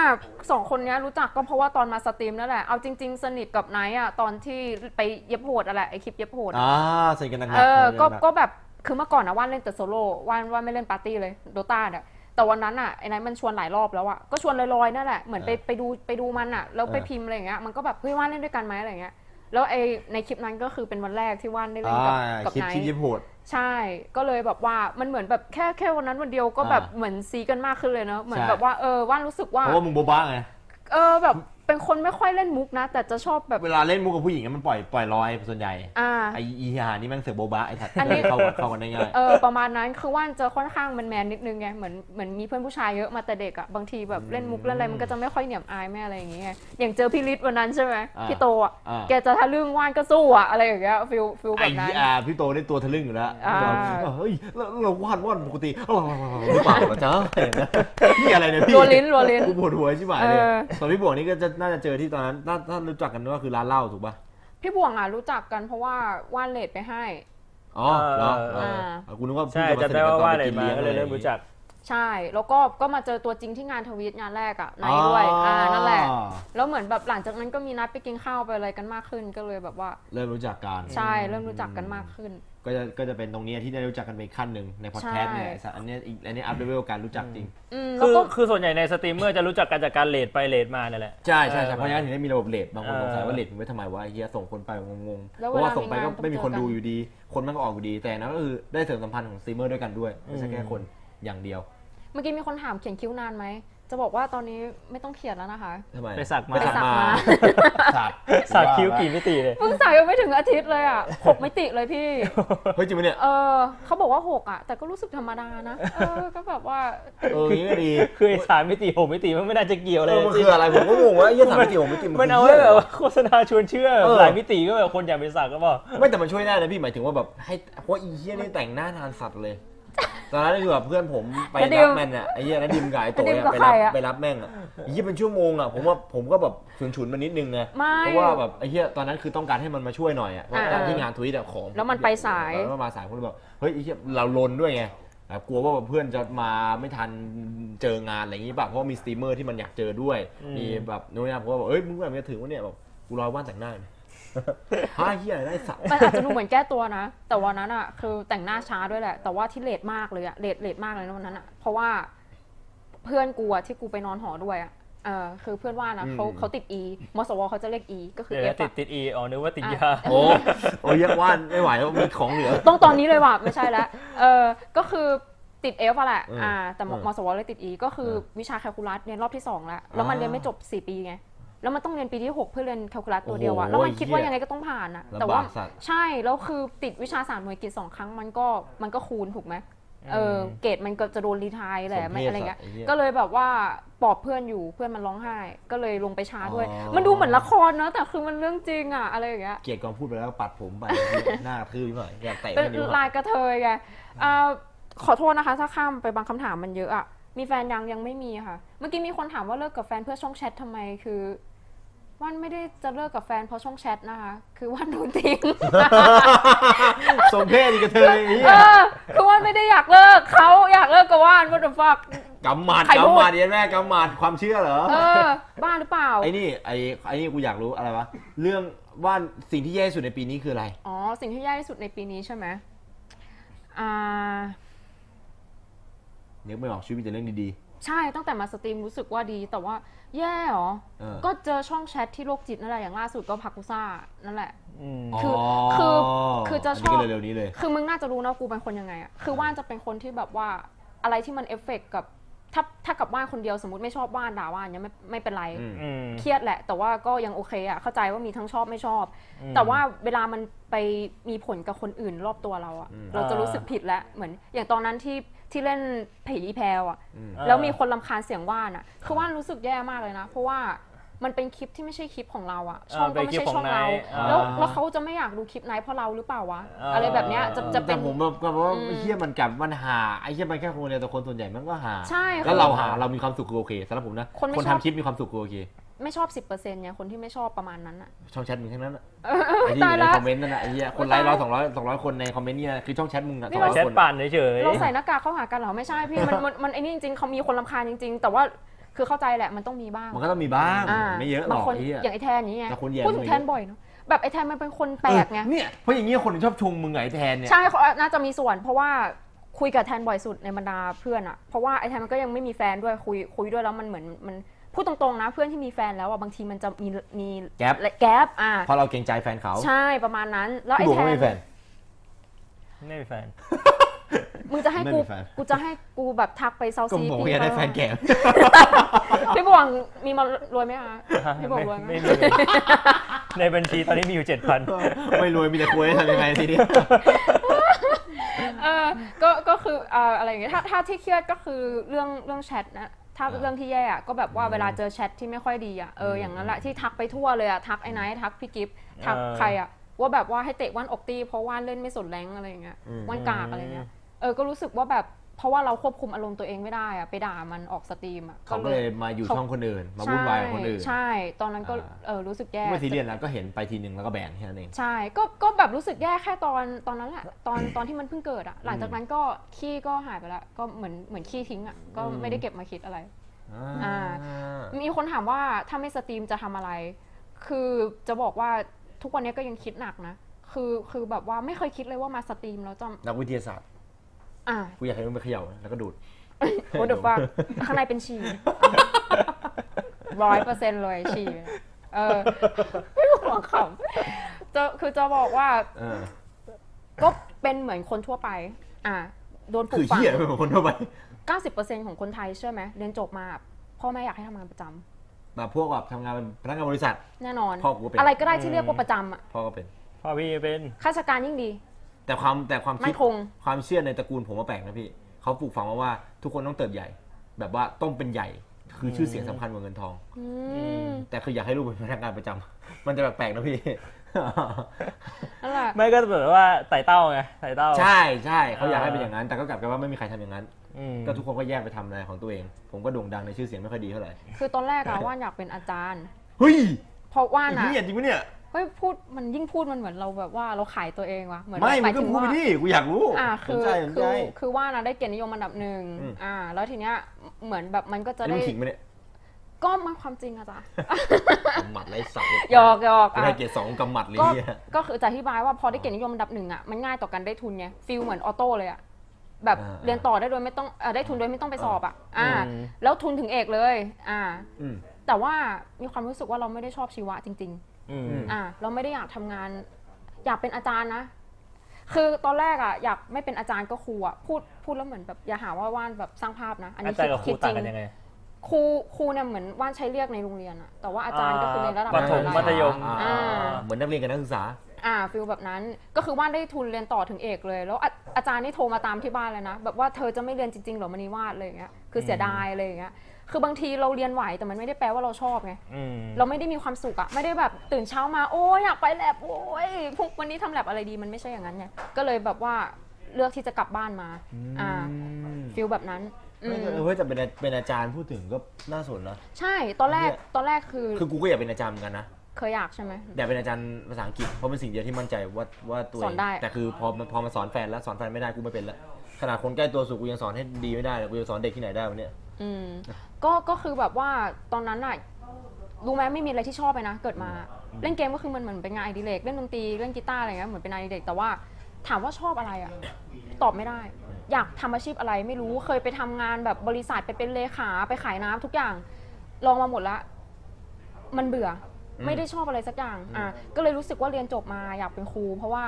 [SPEAKER 3] สองคนเนี้ยรู้จักก็เพราะว่าตอนมาสตรีมนั่นแหละเอาจริง ๆ สนิทกับไนท์อ่ะตอนที่ไปเย็บโหดอะแหละไอคลิปเย็บโหดอะ
[SPEAKER 1] อ่าสนิทกันหนักๆ
[SPEAKER 3] เออ ก็
[SPEAKER 1] สนิทนหนัๆ
[SPEAKER 3] ก็แบบ คือเมื่อก่อนนะว่านเล่นแต่โซโล่ว่านว่านไม่เล่นปาร์ตี้เลย โดตาเนี่ย แต่วันนั้นอ่ะ ไอ้นั้นมันชวนหลายรอบแล้วอ่ะ ก็ชวนลอยๆนั่นแหละ เหมือนไปไปดูไปดูมันอ่ะ แล้วไป
[SPEAKER 1] เออ
[SPEAKER 3] พิมพ์อะไรอย่างเงี้ย มันก็แบบ เฮ้ยว่านเล่นด้วยกันไหมอะไรอย่างเงี้ย แล้วไอ้ในคลิปนั้นก็คือเป็นวันแรกที่ว่านได้เล่นกับ
[SPEAKER 1] อ่า
[SPEAKER 3] กับ
[SPEAKER 1] คลิป
[SPEAKER 3] ไน
[SPEAKER 1] ที่ยิบ
[SPEAKER 3] ท์
[SPEAKER 1] โหด
[SPEAKER 3] ใช่ ก็เลยแบบว่า มันเหมือนแบบแค่แค่วันนั้นวันเดียวก็แบบ
[SPEAKER 1] อ่า
[SPEAKER 3] เหมือนซีกันมากขึ้นเลยเนอะเหมือน
[SPEAKER 1] ใช่
[SPEAKER 3] แบบว่า เออ ว่านรู้สึกว่า
[SPEAKER 1] เพราะว่ามึงโบะบ้าไง
[SPEAKER 3] เออ แบบ เป็นคนไม่ค่อยเล่นมุกนะ แต่จะชอบแบบ
[SPEAKER 1] เวลาเล่นมุกกับผู้หญิงอะมันปล่อยปล่อยลอยส่วนใหญ่
[SPEAKER 3] อ่า
[SPEAKER 1] ไออีหานี่แม่งเสือกโบะบ้าไอ้ทัด
[SPEAKER 3] อันนี้
[SPEAKER 1] เข้ากันเข้ากันได้ง่าย
[SPEAKER 3] เออประมาณนั้นคือว่านจะค่อนข้างมันแมนๆนิดนึงไงเหมือนเหมือนมีเพื่อนผู้ชายเยอะมาแต่เด็กอะบางทีแบบเล่นมุกเล่นอะไรมันก็จะไม่ค่อยเหนียมอายแม่อะไรอย่างเงี้ยอย่างเจอพี่ฤทธิ์วันนั้นใช่ไหม
[SPEAKER 1] อ่า
[SPEAKER 3] พี่โตอะ
[SPEAKER 1] อ่า
[SPEAKER 3] แกจะทะลึ่งว่านก็สู้อะอะไรอย่างเงี้ยฟิลฟิลแบ
[SPEAKER 1] ไอ้
[SPEAKER 3] บนั้น
[SPEAKER 1] อ่าพี่โตได้ตัวทะลึ่งอยู่แล้ว
[SPEAKER 3] อ่า
[SPEAKER 1] เฮ้ยแล้วเราวาดวาดปกติเราหรือเปล่าเหรอจ๊ะพี่อะไรเนี่ยพี่
[SPEAKER 3] รัวลิ้นรัวลิ้น
[SPEAKER 1] กูปวดหัวชิบหายเลย
[SPEAKER 3] เออ
[SPEAKER 1] ส่วนพี่บวกนี่ก็จะน่าจะเจอที่ตอนนั้นน่าถ้ารู้จักกันก็คือร้านเหล้าถูกป่ะ
[SPEAKER 3] พี่บ่วงอะรู้จักกันเพราะว่าว่านเลดไปให้
[SPEAKER 1] อ๋อเหรอ
[SPEAKER 2] เออ
[SPEAKER 1] เออเอากูนึกว่า
[SPEAKER 2] ใช่
[SPEAKER 1] เพิ่งม
[SPEAKER 2] จำได้ว่าว่าอะไร
[SPEAKER 1] สท
[SPEAKER 2] มา
[SPEAKER 1] กัต
[SPEAKER 2] ก็
[SPEAKER 1] นปน
[SPEAKER 2] เลย
[SPEAKER 1] ง
[SPEAKER 2] เริ่มรู้จัก
[SPEAKER 3] ใช่ แล้วก็ก็มาเจอตัวจริงที่งานทวีตงานแรกอะไนท์ด้วยอ่านั่นแหละ
[SPEAKER 1] อ๋อ
[SPEAKER 3] แล้วเหมือนแบบหลังจากนั้นก็มีนัดไปกินข้าวไปอะไรกันมากขึ้นก็เลยแบบว่า
[SPEAKER 1] เริ่มรู้จักกัน
[SPEAKER 3] ใช่เริ่มรู้จักกันมากขึ้น
[SPEAKER 1] ก็จะก็จะเป็นตรงเนี้ยที่ได้รู้จักกันไปอีกขั้นหนึ่งในพอดแคสต์เนี่ยไอ้สัตว์อันเนี้ยอีกอันนี้อัพเลเวลการรู้จักจริง
[SPEAKER 3] อืมแล้
[SPEAKER 2] คื
[SPEAKER 3] ว
[SPEAKER 2] อ
[SPEAKER 3] ก็
[SPEAKER 2] คือส่วนใหญ่ในสตรีมเมอร์จะรู้จักกันจากการเลดไปเลดมาเนี่ยแหละ
[SPEAKER 1] ใช่ใช่ใช่
[SPEAKER 2] เออ
[SPEAKER 1] เพราะงั้นถึงได้มีระบบเลทบางคน
[SPEAKER 2] เออ
[SPEAKER 1] สงสัยว่าเลทมันไว้ทำไมวะไอ้เฮียส่งคนไปงงๆ
[SPEAKER 3] แล้ว
[SPEAKER 1] เพ
[SPEAKER 3] เวลา
[SPEAKER 1] ราะว่าส่งไปก็
[SPEAKER 3] มีงาน
[SPEAKER 1] ไม่มีคน
[SPEAKER 3] ต้องเจอกัน
[SPEAKER 1] ดูอยู่ดี คนมันก็ออกอยู่ดีแต่นั้นก็คือได้เสริมสัมพันธ์ของสตรีมเมอร์ด้วยกันด้วยไม่ใช่แค่คนอย่างเดียว
[SPEAKER 3] เมื่อกี้มีคนถามเขียนคิ้วนานไหม จะบอกว่าตอนนี้ไม่ต้องเขียนแล้วนะคะ
[SPEAKER 1] ทำไม
[SPEAKER 2] ไปสักมา
[SPEAKER 1] ไปสักมาสัก
[SPEAKER 2] สักคิ้วกี่มิติเลย
[SPEAKER 3] เพิ่งใส่ยังไม่ถึงอาทิตย์เลยอ่ะ หกมิติเลยพี่
[SPEAKER 1] เฮ้ยจริงไหมเนี่ย
[SPEAKER 3] เออเขาบอกว่าหกอ่ะ แต่ก็รู้สึกธรรมดานะ เออ ก็แบบว่า
[SPEAKER 1] เอออย่างนี้ก็ดี
[SPEAKER 2] คือไอ้สามมิติหกมิติมันไม่น่าจะเกี่ยวเล
[SPEAKER 1] เอย อมันคืออะไรผมก็งงว่าไอ้เฮียสามมิติผมไม่ติ
[SPEAKER 2] มันเอา
[SPEAKER 1] คื
[SPEAKER 2] ไว้
[SPEAKER 1] หี้ย
[SPEAKER 2] แบบว่าโฆษณาชวนเชื่อ
[SPEAKER 1] เออ
[SPEAKER 2] หลายมิติก็แบบคนอยากไปสักก็บอก
[SPEAKER 1] ไม่แต่มันช่วยได้นะพี่หมายถึงว่าแบบให้เพราะอีเฮียนี่แต่งหน้านานสัตว์เลย ตอนนั้นคือแบบเพื่อนผมไป
[SPEAKER 3] แล้วดิ
[SPEAKER 1] รับ
[SPEAKER 3] ม
[SPEAKER 1] แม่งอ่ะไอ้เหี้ยนัดดิมกับไอ้โตะเนี่ย
[SPEAKER 3] แล้วดิม
[SPEAKER 1] ไป
[SPEAKER 3] กับ
[SPEAKER 1] รับ
[SPEAKER 3] ใครอะ
[SPEAKER 1] ไปรับแม่งอ่ะไอ้เหี้ยเป็นชั่วโมงอ่ะผมว่าผมก็แบบฉุนๆมานิดนึงไง
[SPEAKER 3] ไม่
[SPEAKER 1] เพราะว่าแบบไอ้เหี้ยตอนนั้นคือต้องการให้มันมาช่วยหน่อยอ่ะเพราะ
[SPEAKER 3] อ่า
[SPEAKER 1] ตอนที่งานทวิตอะของ
[SPEAKER 3] แล้วมันไปสาย
[SPEAKER 1] แล้วมันมาสายผมเลยบอกเฮ้ยไอ้เหี้ยเราลนด้วยไงแบบกลัวว่าแบบเพื่อนจะมาไม่ทันเจองานอะไรอย่างงี้ป่ะเพราะว่ามีสตรีมเมอร์ที่มันอยากเจอด้วย
[SPEAKER 2] อืม
[SPEAKER 1] มีแบบนู่นนี่นั่นผมก็บอกเอ้ยมึงแบบจะถึงวะเนี่ยแบบกูรอว่านแต่งหน้า อยู่ ฮ่าเหี้ยอะไรได้สัตว์
[SPEAKER 3] มันอาจจะดูเหมือนแก้ตัวนะ แต่วันนั้นอ่ะ คือแต่งหน้าช้าด้วยแหละ แต่ว่าที่เลทมากเลยอ่ะ เลทเลทมากเลยนะวันนั้นอ่ะ เพราะว่าเพื่อนกูอะที่กูไปนอนหอด้วยอ่ะ เออ คือเพื่อนว่านะเขา
[SPEAKER 1] อืม
[SPEAKER 3] เขาติด E มสวเขาจะเรียก E ก็คือ
[SPEAKER 2] เดี๋ยว
[SPEAKER 3] F
[SPEAKER 2] ติด
[SPEAKER 3] อะ
[SPEAKER 2] ติดอีอ๋อนึกว่าติด
[SPEAKER 3] อ่ะ
[SPEAKER 2] ยา
[SPEAKER 1] โอ้โอ้ยกว่านไม่ไหวแล้วมีของเหลือ
[SPEAKER 3] ต้องตอนนี้เลยว่ะ ไม่ใช่แล้วเออก็คือติดเอฟอะแหละ
[SPEAKER 1] เอออ่
[SPEAKER 3] อ่าแต่ม
[SPEAKER 1] เออ
[SPEAKER 3] มสวเลยติดอีก็คือวิชาแคลคูลัสเรียนรอบที่สองแล้วแล้วมัน
[SPEAKER 1] อ่า
[SPEAKER 3] เรียนไม่จบ 4 ปีไง แล้วมันต้องเรียนปีที่ 6 เพื่อเรียนแคลคูลัสตัวเดียวอะ
[SPEAKER 1] โอ้โห
[SPEAKER 3] แล้วมันคิดว่า
[SPEAKER 1] เหี้ย
[SPEAKER 3] ยังไงก็ต้องผ่านอะ
[SPEAKER 1] ลำบาก
[SPEAKER 3] แต่ว่า
[SPEAKER 1] สัตว์
[SPEAKER 3] ใช่แล้วคือติดวิชาสามหน่วยกิจสองครั้งมันก็มันก็คูณถูกไหมเออเกรดมันก็จะโดนรีไทายแหละไม่อะไรเงี้ย ก็เลยแบบว่าปลอบเพื่อนอยู่เพื่อนมันร้องไห้ ก็เลยลงไปช้าด้วย
[SPEAKER 1] อ๋อ
[SPEAKER 3] มันดูเหมือนละครเนอะแต่คือมันเรื่องจริงอะอะไรอย่างเงี้ย
[SPEAKER 1] เกลียดกองพูดไปแล้วปัดผมไปหน้าทื่อหน่อยอยากเตะ
[SPEAKER 3] เป็น
[SPEAKER 1] มันดีก
[SPEAKER 3] ลา
[SPEAKER 1] ว่าย
[SPEAKER 3] กระเทยไงเอ่อขอโทษนะคะ ถ้าข้ามไปบางคำถามมันเยอะอะ มีแฟนยังยังไม่มีค่ะ เมื่อกี้มีคนถามว่าเลิกกับแฟนเพื่อช่องแชททำไมคือวันไม่ได้จะเลิกกับแฟนเพราะช่องแชทนะคะ คือวันโดนทิ้ง
[SPEAKER 1] ทรงเพศอีกกระเทยไอ้เหี้
[SPEAKER 3] เอย อคือวันไม่ได้อยากเลิกเขาอยากเลิกกับว่านว่าจะฟัก
[SPEAKER 1] กำหมัด
[SPEAKER 3] ใครพูด
[SPEAKER 1] กำหมัดเย็นแม่กำหมัดความเชื่อเหรอ
[SPEAKER 3] เออ บ้าหรือเปล่า
[SPEAKER 1] ไอ้นี่ไอ้ไอ้นี่กูอยากรู้อะไรวะเรื่องว่าสิ่งที่แย่ที่สุดในปีนี้คืออะไร
[SPEAKER 3] อ๋อ สิ่งที่แย่ที่สุดในปีนี้ใช่ไหมอ่า
[SPEAKER 1] เดี๋ยวไม่บอกชีวิตมีแต่เรื่องดี
[SPEAKER 3] ใช่ตั้งแต่มาสตรีมรู้สึกว่าดี แต่ว่าแย่เหรอ
[SPEAKER 1] เออ
[SPEAKER 3] ก็เจอช่องแชทที่โรคจิตนั่นแหละอย่างล่าสุดก็พักกุซ่านั่นแหละ
[SPEAKER 1] ๆ
[SPEAKER 3] คือ
[SPEAKER 1] อ
[SPEAKER 3] คือคือจะชอบ
[SPEAKER 1] นนี้ก็เร็วๆนี้เลย
[SPEAKER 3] คือมึงน่าจะรู้นะกูเป็นคนยังไงอะคือว่านจะเป็นคนที่แบบว่าอะไรที่มันเอฟเฟกต์กับ ถ้าถ้ากลับบ้านคนเดียวสมมติไม่ชอบบ้านด่าบ้านเนี่ยไม่ไม่เป็นไร
[SPEAKER 9] อืม
[SPEAKER 2] อืม
[SPEAKER 3] เครียดแหละ แต่ว่าก็ยังโอเคอะเข้าใจว่ามีทั้งชอบไม่ชอบ แต่ว่าเวลามันไปมีผลกับคนอื่นรอบตัวเราอะเราจะรู้สึกผิดแล้วเหมือน อย่างตอนนั้นที่ที่เล่นผีอีแพลวอะแล้วมีคนลำคาญเสียงว่านอะคือว่านรู้สึกแย่มากเลยนะ เพราะว่ามันเป็นคลิปที่ไม่ใช่คลิปของเราอะ
[SPEAKER 2] อ่า
[SPEAKER 3] ช่องก็
[SPEAKER 2] เป็นคลิป
[SPEAKER 3] ไม่ใช่
[SPEAKER 2] ของ
[SPEAKER 3] ช่องเรา
[SPEAKER 2] นายอ่า
[SPEAKER 3] แล้วแล้วเขาจะไม่อยากดูคลิปไหนเพราะเราหรือเปล่าวะ
[SPEAKER 2] อ่า
[SPEAKER 3] อะไรแบบเนี้ยจะจะเป็
[SPEAKER 1] แต่
[SPEAKER 3] น
[SPEAKER 1] ผมแบบก็ว่า
[SPEAKER 3] อืม
[SPEAKER 1] ไอ้เหี้ยมันกลับมันหาไอ้เหี้ยมันแค่คนเดียวแต่คนส่วนใหญ่มันก็หา
[SPEAKER 3] ใช่ค่ะ
[SPEAKER 1] แล้วเราหาเรามีความสุขกูโอเคสำหรับผมนะ
[SPEAKER 3] คนไม่ชอบ
[SPEAKER 1] ทำคลิปมีความสุขกูโอเค
[SPEAKER 3] ไม่ชอบ 10%เนี่ยคนที่ไม่ชอบประมาณนั้นอะ
[SPEAKER 1] ช่องแชทมึงทั้งนั้นอะไอ้ที่อยู่ใน
[SPEAKER 3] ตายละ
[SPEAKER 1] คอมเมนต์นั่นน่ะไอ้เหี้ยคนไลค์
[SPEAKER 3] ตาย
[SPEAKER 1] ร้
[SPEAKER 3] ละ
[SPEAKER 1] อยสองร้อยสองร้อยคนในคอมเมนต์เนี่ยคือช่องแชทมึงอะสอ
[SPEAKER 3] นี่
[SPEAKER 1] งร้
[SPEAKER 3] มั
[SPEAKER 1] อย
[SPEAKER 2] แชท
[SPEAKER 1] คน
[SPEAKER 2] ปั่นเฉยๆ
[SPEAKER 3] เราใส่หน้ากากเข้าหากันเหรอไม่ใช่พี่มันมันมันไอ้นี่จริงๆเขามีคนลำคาญจริง ๆ แต่ว่าคือเข้าใจแหละมันต้องมีบ้าง
[SPEAKER 1] มันก็ต้องมีบ้าง
[SPEAKER 3] อ่า
[SPEAKER 1] ไม่เยอะหร
[SPEAKER 3] บาง
[SPEAKER 1] อก
[SPEAKER 3] คน
[SPEAKER 1] ไอ้เหี้ย
[SPEAKER 3] อย่างไอแทนอย่างเงี้ย
[SPEAKER 1] แต่คนแย่
[SPEAKER 3] พูดถึ
[SPEAKER 1] ไม่
[SPEAKER 3] ง
[SPEAKER 1] เยอะ
[SPEAKER 3] แทนบ่อยเนาะแบบไอแทนมันเป็นคนแปลกไง
[SPEAKER 1] เออเนี่ยเพราะอย่างเงี้ยคนถึงชอบชมมึงไงไอ้แทนเนี่ย
[SPEAKER 3] ใช่เขาน่าจะมีส่วน เพราะว่าคุยกับแทนบ่อยสุดในบรรดาเพื่อนอะเพราะว่าไอแทนมันก็ยังไม่มีแฟนด้วยคุยคุยด้วยแล้วมันเหมือนมันพูดตรงๆนะ เพื่อนที่มีแฟนแล้วอะบางทีมันจะมีมี
[SPEAKER 1] แก๊ป
[SPEAKER 3] แก๊ปอ่ะ
[SPEAKER 1] เพราะเราเกรงใจแฟนเขา
[SPEAKER 3] ใช่ประมาณนั้น แล้วไอ
[SPEAKER 1] พี่บวก
[SPEAKER 3] แท
[SPEAKER 1] ก็
[SPEAKER 3] น
[SPEAKER 1] ไม่มีแฟน
[SPEAKER 2] ไม่มีแฟน
[SPEAKER 3] มึงจะให้กู
[SPEAKER 1] ไม่มีแฟน
[SPEAKER 3] กูจะให้กูแบบทักไปเซา
[SPEAKER 1] ก็
[SPEAKER 3] ซี
[SPEAKER 1] บอก
[SPEAKER 3] ปี
[SPEAKER 1] ว่าอยากได้แฟนแก่
[SPEAKER 3] พี่บวงมีมารวยไหมคะพี่บวงรวยไหม
[SPEAKER 2] ไม่มีเลย ในบัญชีตอนนี้มีอยู่เจ็ดพัน
[SPEAKER 1] ไม่รวยมีแต่ควยทำยังไงทีนี้
[SPEAKER 3] เออก็ก็คือเอ่ออะไรอย่างเงี้ยถ้าถ้าที่เครียดก็คือเรื่องเรื่องแชทนะ ถ้า
[SPEAKER 1] อ่า
[SPEAKER 3] เรื่องที่แย่อะก็แบบว่าเวลาเจอแชทที่ไม่ค่อยดีอ่ะเอออย่างนั้นแหละที่ทักไปทั่วเลยอ่ะทักไอ้ไนท์ทักพี่กิฟต์ทัก
[SPEAKER 2] เออ
[SPEAKER 3] ใครอ่ะว่าแบบว่าให้เตะว่านออกตีเพราะว่านเล่นไม่สนแรงอะไรอย่างเงี้ยว่านกากอะไรเงี้ยเออก็รู้สึกว่าแบบเพราะว่าเราควบคุมอารมณ์ตัวเองไม่ได้อ่ะไปด่ามันออกสตรีมอ่ะ
[SPEAKER 1] เขาก็เลยมาอยู่ช่องคนอื่น มาวุ่นวายกับคนอื่น
[SPEAKER 3] ใช่ใช่ตอนนั้นก็
[SPEAKER 1] อ่า
[SPEAKER 3] เออรู้สึกแย่
[SPEAKER 1] ไม่ซีเรียสนะก็เห็นไปทีนึงแล้วก็แบนแค่นั้นเอง
[SPEAKER 3] ใช่ ก็ ก็แบบรู้สึกแย่แค่ตอนตอนนั้นแหละ ตอนตอนที่มันเพิ่งเกิดอะหลังจากนั้นก็ขี้ก็หายไปละก็เหมือนเหมือนขี้ทิ้งอะก็ไม่ได้เก็บมาคิดอะไร อ่า มีคนถามว่าถ้าไม่สตรีมจะทำอะไร คือจะบอกว่าทุกวันนี้ก็ยังคิดหนักนะ คือ คือแบบว่าไม่เคยคิดเลยว่ามาสตรีมแล้วจะ
[SPEAKER 1] นักวิทยาศาสตร์
[SPEAKER 3] อ่า
[SPEAKER 1] กูอยากให้มึงไปเขย่าแล้วก็ดูด
[SPEAKER 3] โอ้เดี๋ ยวฟังข้างในเป็นฉี่ร้อยเปอร์เซ็นต์เลยฉี่เนี่ยเออไม่ห่วงขำจะคือจะบอกว่า
[SPEAKER 1] เออ
[SPEAKER 3] ก็เป็นเหมือนคนทั่วไป อ่ะโดนปลู
[SPEAKER 1] คื
[SPEAKER 3] ก
[SPEAKER 1] อ
[SPEAKER 3] ฝัง
[SPEAKER 1] เหี้ยเป็นคนทั่วไป
[SPEAKER 3] 90%ของคนไทยเชื่อไหมเรียนจบมา พ่อแม่อยากให้ทำงานประจำ
[SPEAKER 1] แบบพวกแบบทำงานเป็นพนักงานบริษัท
[SPEAKER 3] แน่นอน
[SPEAKER 1] พ่อกูเป็น
[SPEAKER 3] อะไรก็ได้ที่เรียกว่าประจำอ่ะ
[SPEAKER 1] พ่อก็เป็น
[SPEAKER 2] พ่อพี่เป็น
[SPEAKER 3] ข้าราชการยิ่งดี
[SPEAKER 1] แต่ความแต่ความ
[SPEAKER 3] มั่
[SPEAKER 1] คิด
[SPEAKER 3] นคง
[SPEAKER 1] ความเชื่อในตระกูลผมว่าแปลกนะพี่เขาปลูกฝังมาว่าทุกคนต้องเติบใหญ่ แบบว่าต้องเป็นใหญ่คือชื่อเสียงสำคัญกว่าเงินทอง
[SPEAKER 3] อืม
[SPEAKER 1] แต่คืออยากให้ลูกเป็นพนักงานประจำ มันจะแปลกๆนะพี่
[SPEAKER 3] นั่นแหละ
[SPEAKER 2] ไม่ก็เหมือนว่าไต่เต้าไงไต่เต้า
[SPEAKER 1] ใช่ใช่เขาอยากให้เป็นอย่างนั้น แต่ก็กลับกันว่าไม่มีใครทำอย่างนั้น
[SPEAKER 2] อืม
[SPEAKER 1] ก็ทุกคนก็แยกไปทำอะไรของตัวเอง ผมก็โด่งดังในชื่อเสียงไม่ค่อยดีเท่าไหร่
[SPEAKER 3] คือตอนแรกอะว่านอยากเป็นอาจารย์
[SPEAKER 1] เฮ้ย
[SPEAKER 3] เพราะว่า
[SPEAKER 1] ไอ้
[SPEAKER 3] น่ะ
[SPEAKER 1] เหี้ยจริงปะเนี่ย
[SPEAKER 3] เฮ้ยพูดมันยิ่งพูดมันเหมือนเราแบบว่าเราขายตัวเองว่ะเหมือน
[SPEAKER 1] ไม่
[SPEAKER 3] ห
[SPEAKER 1] มั
[SPEAKER 3] มาน ย
[SPEAKER 1] ก็
[SPEAKER 3] ถึง
[SPEAKER 1] พูด
[SPEAKER 3] ว่า
[SPEAKER 1] ไปดิกูอยากรู้
[SPEAKER 3] อ่า
[SPEAKER 1] ส
[SPEAKER 3] คื
[SPEAKER 1] น
[SPEAKER 3] อ
[SPEAKER 1] ใจสน
[SPEAKER 3] คื
[SPEAKER 1] ใจ
[SPEAKER 3] อคือว่านะได้เกียรตินิยมอันดับหนึ่ง
[SPEAKER 1] อืม
[SPEAKER 3] อ่า แล้วทีเนี้ยเหมือนแบบมันก็จะ
[SPEAKER 1] นี่
[SPEAKER 3] ได้
[SPEAKER 1] มันขิงไหมเนี่ย
[SPEAKER 3] ก็มันความจริงอะจ้ะ
[SPEAKER 1] กำหมัดไรสับ
[SPEAKER 3] หยอกหยอก
[SPEAKER 1] กู
[SPEAKER 3] อ่ะ
[SPEAKER 1] ให้เกียรติสองกำหมัดเลย
[SPEAKER 3] ก็
[SPEAKER 1] เหีย
[SPEAKER 3] ก็คือจะอธิบายว่าพอได้เกียรตินิยมอันดับหนึ่งอ่ะมันง่ายต่อการได้ทุนไงฟิลเหมือนออโต้เลยอ่ะแบบ
[SPEAKER 1] อ่า
[SPEAKER 3] เรียนต่อได้โดยไม่ต้องเอ่อได้ทุนโดยไม่ต้องไปสอบอ่ะอ่า
[SPEAKER 2] อืม
[SPEAKER 3] แล้วทุนถึงเอกเลยอ่า
[SPEAKER 1] อืม
[SPEAKER 3] แต่ว่ามีความรู้สึกว่าเราไม่ได้ชอบชีวะจริง
[SPEAKER 2] อืม
[SPEAKER 3] ๆ อ่า เราไม่ได้อยากทำงาน อยากเป็นอาจารย์นะ คือตอนแรกอ่ะอยากไม่เป็นอาจารย์ก็ครูอ่ะพูดพูดแล้วเหมือนแบบอย่าหาว่าว่านแบบสร้างภาพนะ อัน
[SPEAKER 2] อา
[SPEAKER 3] นี้
[SPEAKER 2] จาร
[SPEAKER 3] คิ
[SPEAKER 2] ย์
[SPEAKER 3] ด
[SPEAKER 2] กับครู
[SPEAKER 3] คิดจ
[SPEAKER 2] ต่าง
[SPEAKER 3] ริง
[SPEAKER 2] กันยังไง
[SPEAKER 3] ครูครูเนี่ยเหมือนว่านใช้เรียกในโรงเรียนอ่ะแต่ว่าอาจารย์ก็คือในระดับ
[SPEAKER 2] ประถม
[SPEAKER 3] หาลัย
[SPEAKER 2] มัธยม
[SPEAKER 1] อ่า
[SPEAKER 3] อ่า
[SPEAKER 1] เหมือนนักเรียนกับนักศึกษา
[SPEAKER 3] อ่าฟิลแบบนั้นก็คือว่านได้ทุนเรียนต่อถึงเอกเลย แล้วอาอาจารย์นี่โทรมาตามที่บ้านเลยนะ แบบว่าเธอจะไม่เรียนจริงๆเหรอมณีวาดเลยอย่างเงี้ยคือเสียดายเลยอย่างเงี้ยคือบางทีเราเรียนไหวแต่มันไม่ได้แปลว่าเราชอบไง
[SPEAKER 2] อืม
[SPEAKER 3] เราไม่ได้มีความสุขอะไม่ได้แบบตื่นเช้ามาโอ้ยอยากไปแลบโอ้ยพรุ่งวันนี้ทำแลบอะไรดีมันไม่ใช่อย่างนั้นไงก็เลยแบบว่าเลือกที่จะกลับบ้านมาอ่าฟิลแบบนั้นอืม
[SPEAKER 1] เฮ้ยแต่เป็นอาเป็นอาจารย์พูดถึงก็น่าสนนะ
[SPEAKER 3] ใช่ตอนแรก
[SPEAKER 1] เนี่ย
[SPEAKER 3] ตอนแรกคือ
[SPEAKER 1] คือกูก็อยากเป็นอาจารย์เหมือนกันนะ
[SPEAKER 3] เคยอยากใช่ไหม
[SPEAKER 1] แต่เป็นอาจารย์ภาษาอังกฤษเพราะเป็นสิ่งเดียวที่มั่นใจว่าว่าตัวเอ
[SPEAKER 3] สอง นได้
[SPEAKER 1] แต่คือพอพอมาสอนแฟนแล้วสอนแฟนไม่ได้กูไม่เป็นละขนาดคนใกล้ตัวสุดกูยังสอนให้ดีไม่ได้เลยกูจะสอนเด็กที่ไหนได้วันเนี้ย
[SPEAKER 3] อืมก็ก็คือแบบว่าตอนนั้นอะรู้ไหมไม่มีอะไรที่ชอบไปนะ เกิดมาเล่นเกมก็คือมันเหมือนเป็นงานอดิเรกเล่นดนตรีเล่นกีตาร์อะไรเงี้ยเหมือนเป็นงานอดิเรกแต่ว่าถามว่าชอบอะไรอะตอบไม่ได้ อยากทำอาชีพอะไรไม่รู้เคยไปทำงานแบบบริษัทไปเป็นเลขาไปขายน้ำทุกอย่าง ลองมาหมดละ มันเบื่ออ
[SPEAKER 1] ม
[SPEAKER 3] ไม่ได้ชอบอะไรสักอย่างอ่ะก็เลยรู้สึกว่าเรียนจบมาอยากเป็นครู เพราะว่า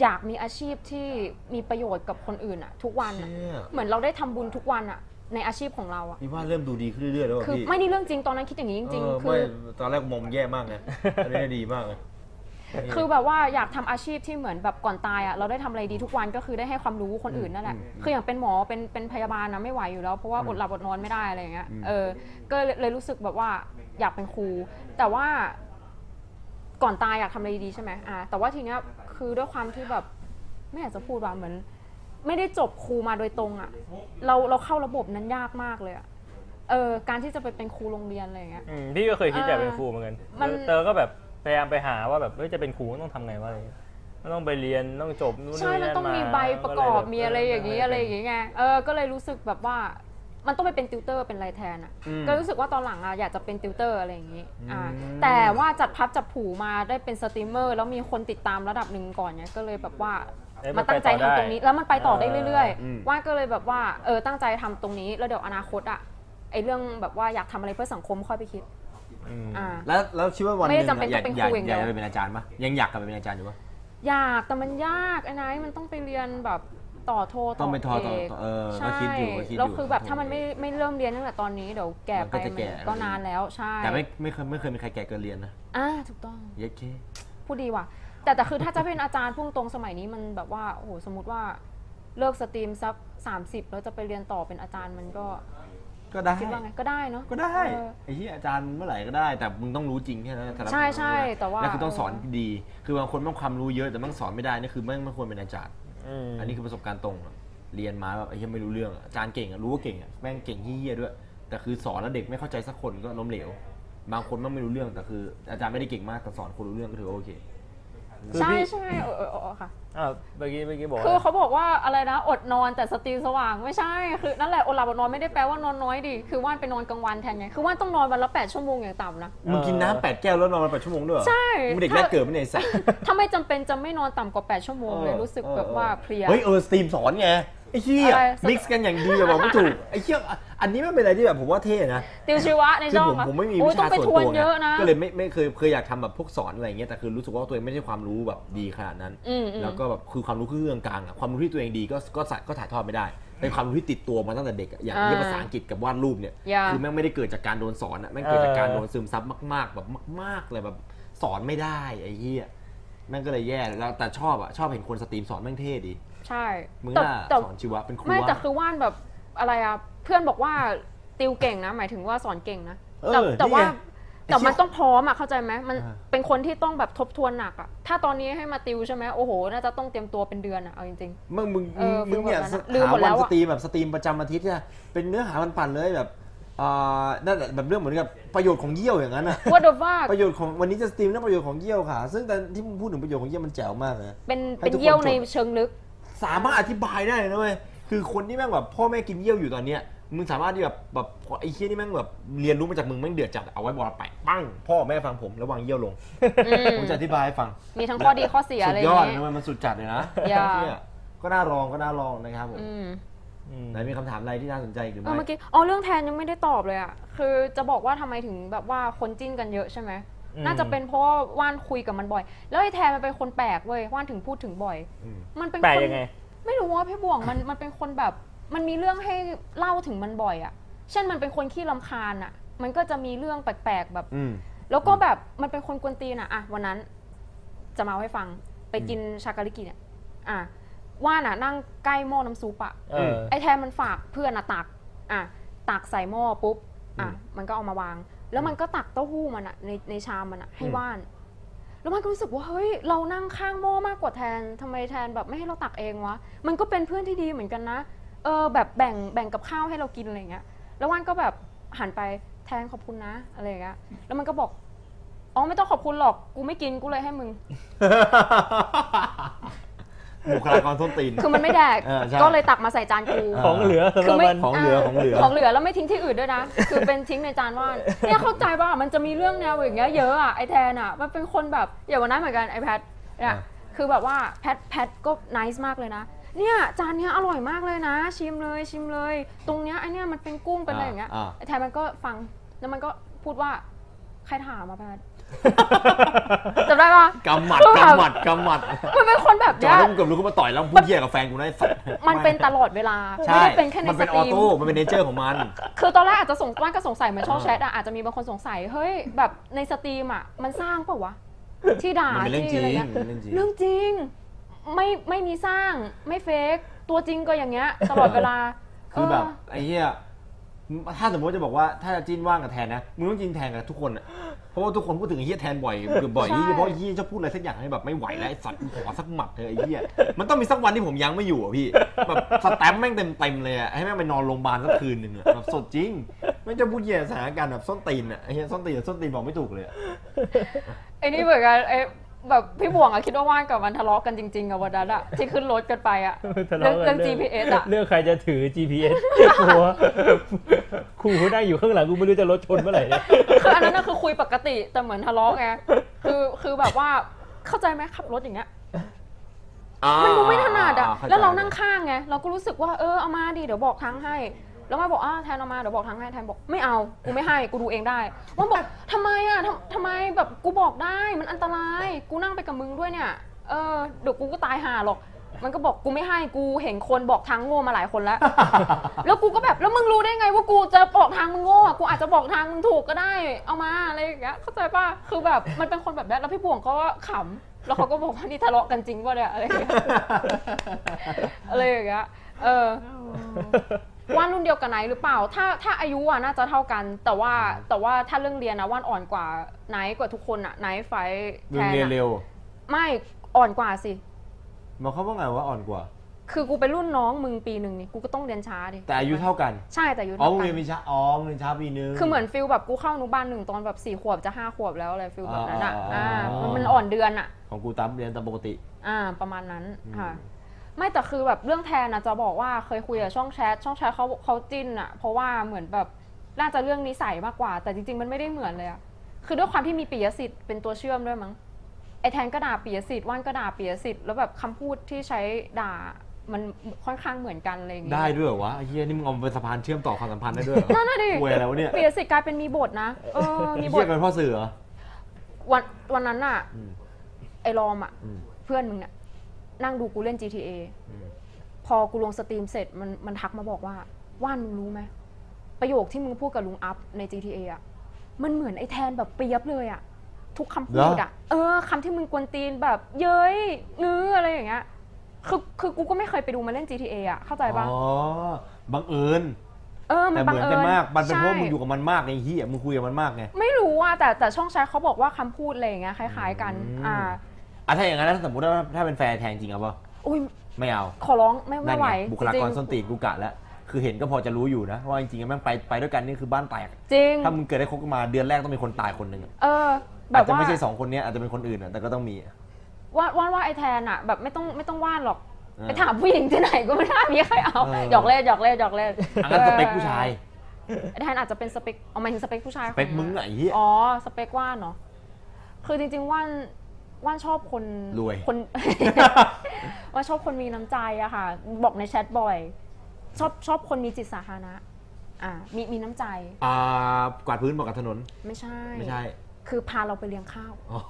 [SPEAKER 3] อยากมีอาชีพที่มีประโยชน์กับคนอื่นอะทุกวันอะ
[SPEAKER 1] เชี่ย
[SPEAKER 3] เหมือนเราได้ทำบุญทุกวันอะในอาชีพของเราอะ
[SPEAKER 1] พี่ว่าเริ่มดูดีขึ้นเรื่อยๆแล้วอะ
[SPEAKER 3] คือ
[SPEAKER 1] พี่
[SPEAKER 3] ไม่นี่เรื่องจริงตอนนั้นคิดอย่างนี้จริง
[SPEAKER 1] เออ
[SPEAKER 3] ๆ คื
[SPEAKER 1] ไม่
[SPEAKER 3] อ
[SPEAKER 1] ตอนแรกมองแย่มากนะอันนี้ดีมากเลย
[SPEAKER 3] คือแบบว่าอยากทำอาชีพที่เหมือนแบบก่อนตายอะเราได้ทำอะไรดีทุกวันก็คือได้ให้ความรู้คนอื่นนั่นแหละคืออย่างเป็นหมอเป็นเป็นพยาบาลนะไม่ไหวอยู่แล้วเพราะว่าอดหลับอดนอนไม่ได้อะไรอย่างเงี้ยเออก็เลยเลยรู้สึกแบบว่าอยากเป็นครู แต่ว่าก่อนตายอยากทำอะไรดีๆใช่ไหมอ่าแต่ว่าทีเนี้ยคือด้วยความที่แบบไม่อยากจะพูดว่าเหมือน ไม่ได้จบครูมาโดยตรงอะเราเราเข้าระบบนั้นยากมากเลยอะเออการที่จะไปเป็นครูโรงเรียนอะไรอย่างเงี้ย
[SPEAKER 2] อืมพี่ก็เคยคิดอยากเป็นครูเหมือนกัน
[SPEAKER 3] มัน
[SPEAKER 2] เตอก็แบบพยายามไปหาว่าแบบเฮ้ยจะเป็นครูต้องทำไงวะอะไรเงี้ยมันต้องไปเรียนต้องจบนู่น
[SPEAKER 3] ใช่
[SPEAKER 2] นี่
[SPEAKER 3] มันต้องมี
[SPEAKER 2] า
[SPEAKER 3] ใบประกอบ
[SPEAKER 2] เลย
[SPEAKER 3] มีอะไรอย่างนี้
[SPEAKER 2] เ
[SPEAKER 3] อะไรอย่างนี้ไง เออ ก็เลยรู้สึกแบบว่า มันต้องไปเป็นติวเตอร์ เป็นอะไรแทนอ่ะ ก็รู้สึกว่าตอนหลังอ่ะอยากจะเป็นติวเตอร์อะไรอย่างนี้ อ่า แต่ว่าจัดพับจับผูมาได้เป็นสตรีมเมอร์ แล้วมีคนติดตามระดับหนึ่งก่อนเนี่ยก็เลยแบบว่า
[SPEAKER 2] เอ๊ะ
[SPEAKER 3] มาตั้งใจ
[SPEAKER 2] มันไปต่อ
[SPEAKER 3] ทำ
[SPEAKER 2] ได้
[SPEAKER 3] ตรงนี้ แล้วมันไปต่อได้เรื่อย
[SPEAKER 2] เออ
[SPEAKER 3] ๆ ว่าก็เลยแบบว่า เออ ตั้งใจทำตรงนี้ แล้วเดี๋ยวอนาคตอ่ะ ไอเรื่องแบบว่าอยากทำอะไรเพื่อสังคมค่อยไปคิด อ่า
[SPEAKER 1] แล้วแล้วคิดว่าวันห
[SPEAKER 3] ไม่
[SPEAKER 1] นึ
[SPEAKER 3] ได้
[SPEAKER 1] ง
[SPEAKER 3] จำเป็น
[SPEAKER 1] อะอยา
[SPEAKER 3] ต้อก งเป็น
[SPEAKER 1] อยาก
[SPEAKER 3] ครูอย่างเดี
[SPEAKER 1] อ
[SPEAKER 3] ยว
[SPEAKER 1] ยากจะไปเป็นอาจารย์ปะยังอยากกลับไปเป็นอาจารย์อยู่ปะ
[SPEAKER 3] อยากแต่มันยากไอ้นายมันต้องไปเรียนแบบต่อโท
[SPEAKER 1] ต้องไปทอต่อ
[SPEAKER 3] เก
[SPEAKER 1] ต่อเออก็
[SPEAKER 3] ใช่
[SPEAKER 1] คิดอยู่ก็คิดอยู่
[SPEAKER 3] แล้วคือแบบถ้ามันไม่ไม่เริ่มเรียนตั้งแต่ตอนนี้เดี๋ยวแก่
[SPEAKER 1] มั
[SPEAKER 3] ไป
[SPEAKER 1] นก็จะ
[SPEAKER 3] มัน
[SPEAKER 1] แก่
[SPEAKER 3] ก็นานแล้วใช่
[SPEAKER 1] แต่ไม่ไม่เคยไม่เคยมีใครแก่เกินเรียนนะ
[SPEAKER 3] อ่าถูกต้อง
[SPEAKER 1] เย็ดเค
[SPEAKER 3] พูดดีว่ะ แต่แต่คือถ้าจะเป็นอาจารย์พุ่งตรงสมัยนี้มันแบบว่าโอ้โหสมมติว่าเลิกสตรีมสัก 30 แล้วจะไปเรียนต่อเป็นอาจารย์มันก็
[SPEAKER 1] ก็ได้
[SPEAKER 3] คิดว่าไงก็ได้เนาะ
[SPEAKER 1] ก็ได้
[SPEAKER 3] เออ
[SPEAKER 1] ไอ้ที่อาจารย์เมื่อไหร่ก็ได้ แต่มึงต้องรู้จริงแค่นั้นแต่ละ
[SPEAKER 3] ใช่
[SPEAKER 1] คน
[SPEAKER 3] ใช่
[SPEAKER 1] รู้นะ
[SPEAKER 3] แต่ว่า
[SPEAKER 1] แล้วคือต้องสอนดี คือบางคนต้องความรู้เยอะแต่ต้องสอนไม่ได้นี่คือไม่งไม่ควรเป็นอาจารย์
[SPEAKER 2] ม
[SPEAKER 1] อันนี้คือประสบการณ์ตรงอะเรียนมาแบบไอ้ยังไม่รู้เรื่องอะอาจารย์เก่งอะรู้ว่าเก่งอะแม่งเก่งเฮี้ยๆด้วย แต่คือสอนแล้วเด็กไม่เข้าใจสักคนก็ล้มเหลว บางคนแม่งไม่รู้เรื่องแต่คือ อาจารย์ไม่ได้เก่งมากแต่สอนคนรู้เรื่องก็ถือว่าโอเค
[SPEAKER 2] คือ
[SPEAKER 3] ใช่
[SPEAKER 2] พี่
[SPEAKER 3] ใช่เออเออเออเออค่ะ
[SPEAKER 2] อ่าเมื่อกี้เมื่อกี้บอก
[SPEAKER 3] คือ
[SPEAKER 2] ว่า
[SPEAKER 3] เขาบอกว่าอะไรนะอดนอนแต่สตรีมสว่างไม่ใช่คือนั่นแหละอดหลับอดนอนไม่ได้แปลว่านอนน้อยดิคือว่านไปนอนกลางวันแทนไงคือว่านต้องนอนวันละแปดชั่วโมงอย่างต่ำนะ
[SPEAKER 1] มึงกินน้ำแปดแก้วแล้วนอนมาแปดชั่วโมงด้วยเหรอ
[SPEAKER 3] ใช่
[SPEAKER 1] มึงเด็กแรกเกิดไม่ในยไอ้สัตว์
[SPEAKER 3] ถ้าไม่จำเป็นจะไม่นอนต่ำกว่า 8 ชั่วโมงเลยรู้สึกแบบว่าเพลีย
[SPEAKER 1] เฮ้ยเออสตรีมสอนไงไอ้เหี้ย
[SPEAKER 3] อะไรสอน
[SPEAKER 1] มิกซ์กันอย่างดีอะบอกไม่ถูกไอ้เหี้ยอ่ะอันนี้ไม่เป็นอะไรที่แบบผมว่าเท่นะ
[SPEAKER 3] ติวชีวะใน
[SPEAKER 1] คือ
[SPEAKER 3] ช่อง
[SPEAKER 1] ผม
[SPEAKER 3] อะ
[SPEAKER 1] ผมไม่มี
[SPEAKER 3] โอ้
[SPEAKER 1] วิ
[SPEAKER 3] ยต้อ
[SPEAKER 1] ชาง
[SPEAKER 3] ไป
[SPEAKER 1] ส่วน
[SPEAKER 3] ท
[SPEAKER 1] ตัว
[SPEAKER 3] วน
[SPEAKER 1] ไง
[SPEAKER 3] เยอะนะ
[SPEAKER 1] ก็เลยไม่ไม่เคยเคยอยากทำแบบพวกสอนอะไรอย่างเงี้ยแต่คือรู้สึกว่าตัวเองไม่ได้ความรู้แบบดีขนาดนั้น
[SPEAKER 3] อืมอืม
[SPEAKER 1] แล้วก็แบบคือความรู้คือเรื่องกลางอะความรู้ที่ตัวเองดีก็ก็ก็ถ่ายทอดไม่ได้เป็นความรู้ที่ติดตัวมาตั้งแต่เด็กอะอย่างเรียนภาษาอังกฤษกับวาดรูปเนี่ย
[SPEAKER 3] อย่า
[SPEAKER 1] คือแม่งไม่ได้เกิดจากการโดนสอนอะแม่งเกิดจากการโดนซึมซับมากๆ แบบมากๆเลยแบบสอนไม่ได้ไอ้เหี้ยแม่งก็เลยแย่แล้วแต่ชอบอะชอบเห็นคนสตรีมสอนแม่งเท่ดี
[SPEAKER 3] ใช่
[SPEAKER 1] มึง
[SPEAKER 3] แต่
[SPEAKER 1] น่า
[SPEAKER 3] แต่
[SPEAKER 1] สอนชีวะเป็นครู
[SPEAKER 3] ไม่แต่
[SPEAKER 1] วะ
[SPEAKER 3] คือว่านแบบอะไรอะเพื่อนบอกว่าติวเก่งนะ หมายถึงว่าสอนเก่งนะ
[SPEAKER 1] เออ
[SPEAKER 3] แต่แต่
[SPEAKER 1] นี่
[SPEAKER 3] ว่า
[SPEAKER 1] ไง
[SPEAKER 3] แต่
[SPEAKER 1] ไอ้เหี้ย
[SPEAKER 3] มันต้องพร้อมอะเข้าใจไหมมัน
[SPEAKER 1] อ่า
[SPEAKER 3] เป็นคนที่ต้องแบบทบทวนหนักอะถ้าตอนนี้ให้มาติวใช่ไหมโอ้โหน่าจะต้องเตรียมตัวเป็นเดือนอะเอาจริง
[SPEAKER 1] มึงมึง
[SPEAKER 3] เออ
[SPEAKER 1] มึงเนี่ย
[SPEAKER 3] ฟิลแบบนั้นอะลืม
[SPEAKER 1] หา
[SPEAKER 3] หมด
[SPEAKER 1] วั
[SPEAKER 3] แล้
[SPEAKER 1] น
[SPEAKER 3] วอะ
[SPEAKER 1] สตรีมแบบสตรีมประจำอาทิตย์เนี่ยเป็นเนื้อหาปั่นๆเลยแบบอ่านั่นแหละแบบเรื่องเหมือนกับประโยชน์ของเยี่ยวอย่างนั้นอะ
[SPEAKER 3] ๆ ว่าดว่า
[SPEAKER 1] ประโยชน์ของวันนี้จะสตรีมเรื่องประโยชน์ของเยี่ยวค่ะ ซึ่งแต่ที่มึงพูดถึงประโยชน์ของเยี่ยวมันแจ๋วมากเลย
[SPEAKER 3] เป็น
[SPEAKER 1] ให้
[SPEAKER 3] เป็น
[SPEAKER 1] ทุกคน
[SPEAKER 3] เยี่ยว
[SPEAKER 1] จบ
[SPEAKER 3] ในเชิงลึก
[SPEAKER 1] สามารถอธิบายได้เลยนะเว้ยคือคนที่แม่งแบบพ่อแม่กินเยี่ยวอยู่ตอนเนี้ยมึงสามารถที่แบบแบบไอ้เชี่ยนี่แม่งแบบเรียนรู้มาจากมึงแม่งเดือดจัดเอาไว้บอลไปปั้งพ่อแม่ฟังผมระวังเยี่ยวลง
[SPEAKER 3] อืม
[SPEAKER 1] ผมจะอธิบายให้ฟัง
[SPEAKER 3] มีทั้งข้อดีข้อเสียอะไรอ
[SPEAKER 1] สุดย
[SPEAKER 3] ย่าง
[SPEAKER 1] อด
[SPEAKER 3] เงี้
[SPEAKER 1] นะ
[SPEAKER 3] ย
[SPEAKER 1] มันมันสุดจัดเลยนะ
[SPEAKER 3] อย่า
[SPEAKER 1] เนี่ยก็น่าลองก็น่าลองนะครับผม
[SPEAKER 3] อืม
[SPEAKER 2] อืม
[SPEAKER 1] ไหนมีคำถามอะไรที่น่าสนใจอีกหรือ
[SPEAKER 3] เออ
[SPEAKER 1] ไม่
[SPEAKER 3] เมื่อกี้อ๋อเรื่องแทนยังไม่ได้ตอบเลยอะคือจะบอกว่าทำไมถึงแบบว่าคนจิ้นกันเยอะใช่ไหม
[SPEAKER 2] อืม
[SPEAKER 3] น่าจะเป็นเพราะว่าว่านคุยกับมันบ่อย แล้วไอ้แทนมันเป็นคนแปลกเว้ยว่านถึงพูดถึงบ่อย มันเป็น
[SPEAKER 2] แปล
[SPEAKER 3] คน
[SPEAKER 2] ยังไง
[SPEAKER 3] ไม่รู้ว่าพี่บ่วงมันมันเป็นคนแบบ มันมีเรื่องให้เล่าถึงมันบ่อยอะเช่นมันเป็นคนขี้ลำคาญอะมันก็จะมีเรื่องแปลกๆแบบ
[SPEAKER 1] อืม
[SPEAKER 3] แล้วก็แบบมันเป็นคนกวนตีนอะอะวันนั้นจะมาเอาให้ฟังไปกินชากาลิกิเนี่ยอ่ะว่านอะนั่งใกล้หม้อน้ำซุปอะ
[SPEAKER 2] เออ
[SPEAKER 3] ไอ้แทนมันฝากเพื่อนอะตัก อ่ะ ตักใส่หม้อปุ๊บ อ่ะ มันก็เอามาวาง แล้วมันก็ตักเต้าหู้มันอะในในชามมันอะให้ว่าน แล้วมันก็รู้สึกว่าเฮ้ย เรานั่งข้างหม้อมากกว่าแทนทำไมแทนแบบไม่ให้เราตักเองวะ มันก็เป็นเพื่อนที่ดีเหมือนกันนะ เออ แบบแบ่งแบ่งกับข้าวให้เรากินอะไรอย่างเงี้ย แล้วว่านก็แบบหันไปแทนขอบคุณนะอะไรอย่างเงี้ย แล้วมันก็บอก อ๋อไม่ต้องขอบคุณหรอก กูไม่กินกูเลยให้มึง
[SPEAKER 1] บุคลากรส้นตีน
[SPEAKER 3] คือมันไม่แดก
[SPEAKER 1] เออใช่
[SPEAKER 3] ก็เลยตักมาใส่จานกู
[SPEAKER 2] ของเหลือสำห
[SPEAKER 3] คื
[SPEAKER 2] รับ
[SPEAKER 3] อไม่
[SPEAKER 2] มัน
[SPEAKER 1] ของเหลือของเหลือ
[SPEAKER 3] ของเหลือแล้วไม่ทิ้งที่อื่นด้วยนะ คือเป็นทิ้งในจานว่านเนี่ยเข้าใจป่ะมันจะมีเรื่องแนวอย่างเงี้ยเยอะอ่ะไอแทนอ่ะมันเป็นคนแบบอย่างวันนั้นเหมือนกันไอแพทเนี่ย
[SPEAKER 1] อ่ะ
[SPEAKER 3] คือแบบว่าแพทแพทก็นิสมากเลยนะ เนี่ยจานเนี้ยอร่อยมากเลยนะ ชิมเลยชิมเลย ตรงเนี้ยไอเนี้ยมันเป็นกุ้งเป็นอะไรอย่างเงี้ย
[SPEAKER 1] อ่า
[SPEAKER 3] ไอแทนมันก็ฟังแล้วมันก็พูดว่าใครถามอ่ะแพทจำได้ ปะ
[SPEAKER 1] กำหมัด
[SPEAKER 3] คือแบบ
[SPEAKER 1] กำหมัดกำหมัด
[SPEAKER 3] มันเป็นคนแบบ
[SPEAKER 1] จอ
[SPEAKER 3] เนี้ย
[SPEAKER 1] ร์ดกูเกือบรู้ก็มาต่อยแล้วพูดเหี้ยกับแฟนกูนะได้สัตว์
[SPEAKER 3] มันเป็นตลอดเวลา
[SPEAKER 1] ใช่
[SPEAKER 3] ไม่ได้เป็นแค่ใน
[SPEAKER 1] มัน
[SPEAKER 3] ส
[SPEAKER 1] เป็น
[SPEAKER 3] ต
[SPEAKER 1] ออ
[SPEAKER 3] รีม
[SPEAKER 1] โต้มันเป็นเนเจอร์ของมัน
[SPEAKER 3] คือตอนแรกอาจจะสงว่านก็สงสัยเหมือนช่องแชทอะอาจจะมีบางคนสงสัย เฮ้ย แบบในสตรีมอะมันสร้างเปล่าวะ ที่ด่า
[SPEAKER 1] มันเป็นเรื่องจ
[SPEAKER 3] ที่
[SPEAKER 1] ริง
[SPEAKER 3] อะไรเงี้ย
[SPEAKER 1] มันเป็นเรื่องจริง
[SPEAKER 3] เรื่องจริง ไม่ไม่มีสร้างไม่เฟกตัวจริงก็อย่างเงี้ยตลอดเวลา
[SPEAKER 1] คือแบบ
[SPEAKER 3] เออ
[SPEAKER 1] ไอ้เหี้ยถ้าสมมติจะบอกว่าถ้าจะจิ้นว่างกับแทนนะมึงต้องจิ้นแทนกับทุกคนอะเพราะว่าทุกคนพูดถึงไอ้เหี้ยแทนบ่อยเกือบบ่อย
[SPEAKER 3] ใช่
[SPEAKER 1] เฉพาะไอ้เหี้ยชอบพูดอะไรสักอย่างให้แบบไม่ไหวแล้วไอ้สัตว์กูขอสักหมัดเถอะไอ้เหี้ยมันต้องมีสักวันที่ผมยังไม่อยู่อะพี่แบบสแตมป์แม่งเต็มเต็มๆเลยอะให้แม่งไปนอนโรงพยาบาลสักคืนหนึ่งอะแบบสดจริงไม่งจะพูดเหี้ยสถานการณ์แบบส้นตีนอะไอ้เหี้ยส้นตีนกับส้นตีนบอกไม่ถูกเลยอะ
[SPEAKER 3] ไอ้นี่เหมือนกันไอ้แบบพี่บวงอะคิดว่าว่านกับวันทะเลาะกันจริงๆอะวันนั้นอะที่ขึ้นรถกันไป อะ
[SPEAKER 2] ทะ
[SPEAKER 3] เรื่
[SPEAKER 2] เลาะ
[SPEAKER 3] อง
[SPEAKER 2] กัน
[SPEAKER 3] เรื่อง GPS อะ
[SPEAKER 2] เรื่องใครจะถือ GPS กลัวครูเขานั่งอยู่ข้างหลังกูไม่รู้จะรถชนเมื่อไหร่เนี่ย
[SPEAKER 3] คืออันนั้นน่ะคือคุยปกติแต่เหมือนทะเลาะไงคือคือแบบว่าเข้าใจไหมขับรถอย่างเงี้ย มันดูไม่ถนัดอ่ะ แล้วเรานั่งข้างไง เราก็รู้สึกว่า เออ เอามาดี เดี๋ยวบอกทางให้ แล้วมาบอกอ่าแทนเอามา เดี๋ยวบอกทางให้ แทนบอก ไม่เอา กูไม่ให้ กูดูเองได้ มันบอกทำไมอ่ะทำทำไมแบบ กูบอกได้ มันอันตราย กูนั่งไปกับมึงด้วยเนี่ย เออ เดี๋ยวกูก็ตายห่าหรอก มันก็บอก กูไม่ให้ กูเห็นคนบอกทางโง่มาหลายคน แล้ว แล้วกูก็แบบ แล้วมึงรู้ได้ไงว่ากูจะบอกทางมึงโง่อะกูอาจจะบอกทางมึงถูกก็ได้ เอามาอะไรอย่างเงี้ย เข้าใจป่ะ คือแบบ มันเป็นคนแบบนี้แล้วพี่บวงก็ขำ แล้วเขาก็บอกว่านี่ทะเลาะกันจริงป่ะเนี่ยอะไรอย่างเงี้ย อะไรอย่างเงี้ย เอ อ ว่านรุ่นเดียวกับไนท์หรือเปล่า ถ้าถ้าอายุอ่ะน่าจะเท่ากัน แต่ว่าแต่ว่าถ้าเรื่องเรียนนะว่านอ่อนกว่าไนท์กว่าทุกคนอ่ะไนท์ไฟท์
[SPEAKER 1] มึ
[SPEAKER 3] แท
[SPEAKER 1] ง
[SPEAKER 3] น
[SPEAKER 1] เรียน
[SPEAKER 3] อะ
[SPEAKER 1] เร็ว
[SPEAKER 3] ไม่อ่อนกว่าสิ
[SPEAKER 1] มันเขามว่าไงว่าอ่อนกว่า
[SPEAKER 3] คือกูเป็นรุ่นน้องมึงปีหนึ่งนี่กูก็ต้องเรียนช้าดิ
[SPEAKER 1] แต่อายุเท่ากัน
[SPEAKER 3] ใช่แต่อายุ
[SPEAKER 1] อ๋อ
[SPEAKER 3] เท่า
[SPEAKER 1] มึง
[SPEAKER 3] กั
[SPEAKER 1] เรียน
[SPEAKER 3] น
[SPEAKER 1] มีช้าอ๋อมึงเรียนช้าปีนึง
[SPEAKER 3] คือเหมือนฟิลแบบกูเข้าอนุบาลหนึ่งตอนแบบสี่ขวบจะห้าขวบแล้วอะไรฟิลแบบนั้นอ่ะ
[SPEAKER 1] อ๋ออ๋ออ๋ออ๋ออ่
[SPEAKER 3] ามันมันอ่อนเดือนอ่ะ
[SPEAKER 1] ของกูตามเรียนตามปกติ
[SPEAKER 3] อ่าประมาณนั้นค่ะ ไม่แต่คือแบบเรื่องแทนนะจะบอกว่าเคยคุยกับช่องแชทช่องแชทเขาเขาจิ้นอะเพราะว่าเหมือนแบบน่าจะเรื่องนิสัยมากกว่า แต่จริง ๆ มันไม่ได้เหมือนเลยอะคือด้วยความที่มีปิยสิทธิ์เป็นตัวเชื่อมด้วยมั้งไอแทนก็ด่าปิยสิทธิ์ว่านก็ด่าปิยสิทธิ์แล้วแบบคำพูดที่ใช้ด่ามันค่อนข้างเหมือนกันอะไรอย่างเงี้
[SPEAKER 1] ได้
[SPEAKER 3] ย
[SPEAKER 1] ด้วยเหรอวะไอ้เฮียนี่มึงเอามาเป็นสะพานเชื่อมต่อความสัมพันธ์ได้ด้วยเหรอ
[SPEAKER 3] นั่นน่ะดิ
[SPEAKER 1] ป่วยอะไรวะเนี่ย
[SPEAKER 3] ปิยสิทธิ์กลายเป็นมีบทนะเออมีบ
[SPEAKER 1] เฮี
[SPEAKER 3] ท
[SPEAKER 1] ยเป็นพ่อสื่อเหรอ
[SPEAKER 3] วันวันนั้นน่ะ
[SPEAKER 1] อืม
[SPEAKER 3] ไอ้รอมอ่ะ
[SPEAKER 1] อืม
[SPEAKER 3] เพื่อนมึงเนี่ยนั่งดูกูเล่น GTA
[SPEAKER 1] อืม
[SPEAKER 3] พอกูลงสตรีมเสร็จมันมันทักมาบอกว่า ว่านมึงรู้ไหม ประโยคที่มึงพูดกับลุงอัพใน GTA อ่ะ มันเหมือนไอ้แทนแบบเปรียบเลยอ่ะ ทุกคำพูดอ่ะ เออคำที่มึงกวนตีนแบบ เย้ยงื้ออะไรอย่างเงี้ยคือคือกูก็ไม่เคยไปดูมาเล่น GTA อ่ะ เข้าใจปะ
[SPEAKER 1] อ๋อบังเอิญ
[SPEAKER 3] เออมั
[SPEAKER 1] แต่
[SPEAKER 3] น
[SPEAKER 1] เหมือน
[SPEAKER 3] บังเอิ
[SPEAKER 1] กัน
[SPEAKER 3] ญ
[SPEAKER 1] มากมันเป็นเพราะ
[SPEAKER 3] ใช่
[SPEAKER 1] มึงอยู่กับมันมากไงเฮียมึงคุยกับมันมากไง
[SPEAKER 3] ไม่รู้ว่าแต่แต่ช่องแชทเขาบอกว่าคำพูดอะไรอย่างเงี้ยคล้าย ๆ กัน อ่า
[SPEAKER 1] อ่ะถ้าอย่างนั้นนะสมมติว่าถ้าเป็นแฟนแทงจริงเอาปะ
[SPEAKER 3] อุ้ย
[SPEAKER 1] ไม่เอา
[SPEAKER 3] ขอร้องไม่
[SPEAKER 1] นั่
[SPEAKER 3] ไม่
[SPEAKER 1] น
[SPEAKER 3] ไหว
[SPEAKER 1] ไงบุคลากร
[SPEAKER 3] จงๆ
[SPEAKER 1] ส้นตีนกูกะแล้วคือเห็นก็พอจะรู้อยู่นะว่าจริงๆแล้วแม่งไปไปด้วยกันนี่คือบ้านแตก
[SPEAKER 3] จริง
[SPEAKER 1] ถ้ามึงเกิดได้คบกันมาเดือนแรกต้องมีคนตายคนหนึ่งอะ
[SPEAKER 3] เออแบ
[SPEAKER 1] อาจ
[SPEAKER 3] บ
[SPEAKER 1] จะ
[SPEAKER 3] ว่า
[SPEAKER 1] ไม่ใช่สองคนเนี้ยอาจจะเป็นคนอื่นอะแต่ก็ต้องมีอะ
[SPEAKER 3] ว่าว่าว่าไอแทนอ่ะ แบบไม่ต้องไม่ต้องว่านหรอก
[SPEAKER 1] เออ
[SPEAKER 3] ไปถามผู้หญิงที่ไหนก็ไม่ได้มีใครเอา
[SPEAKER 1] เออ
[SPEAKER 3] หยอกเล่นหยอกเล่นหยอกเล่น
[SPEAKER 1] อันนั้นสเปคผู้ชาย
[SPEAKER 3] ไอแทนอาจจะเป็นสเปคเอาหมายถึงสเปคผู้ชาย
[SPEAKER 1] สเปคมึงอะไอ้เฮีย
[SPEAKER 3] อ๋อสเปคว่านเนาะคือจริง ๆว่านว่านชอบคน
[SPEAKER 1] รวย
[SPEAKER 3] คน ว่านชอบคนมีน้ำใจอะค่ะ บอกในแชทบ่อย ชอบชอบคนมีจิตสาธารณะอ่ามีมีน้ำใจ
[SPEAKER 1] อ่ากวาดพื้นบอกกับถนน
[SPEAKER 3] ไม่ใช่
[SPEAKER 1] ไม่ใช่
[SPEAKER 3] คือพาเราไปเลี้ยงข้าว
[SPEAKER 1] อ๋อ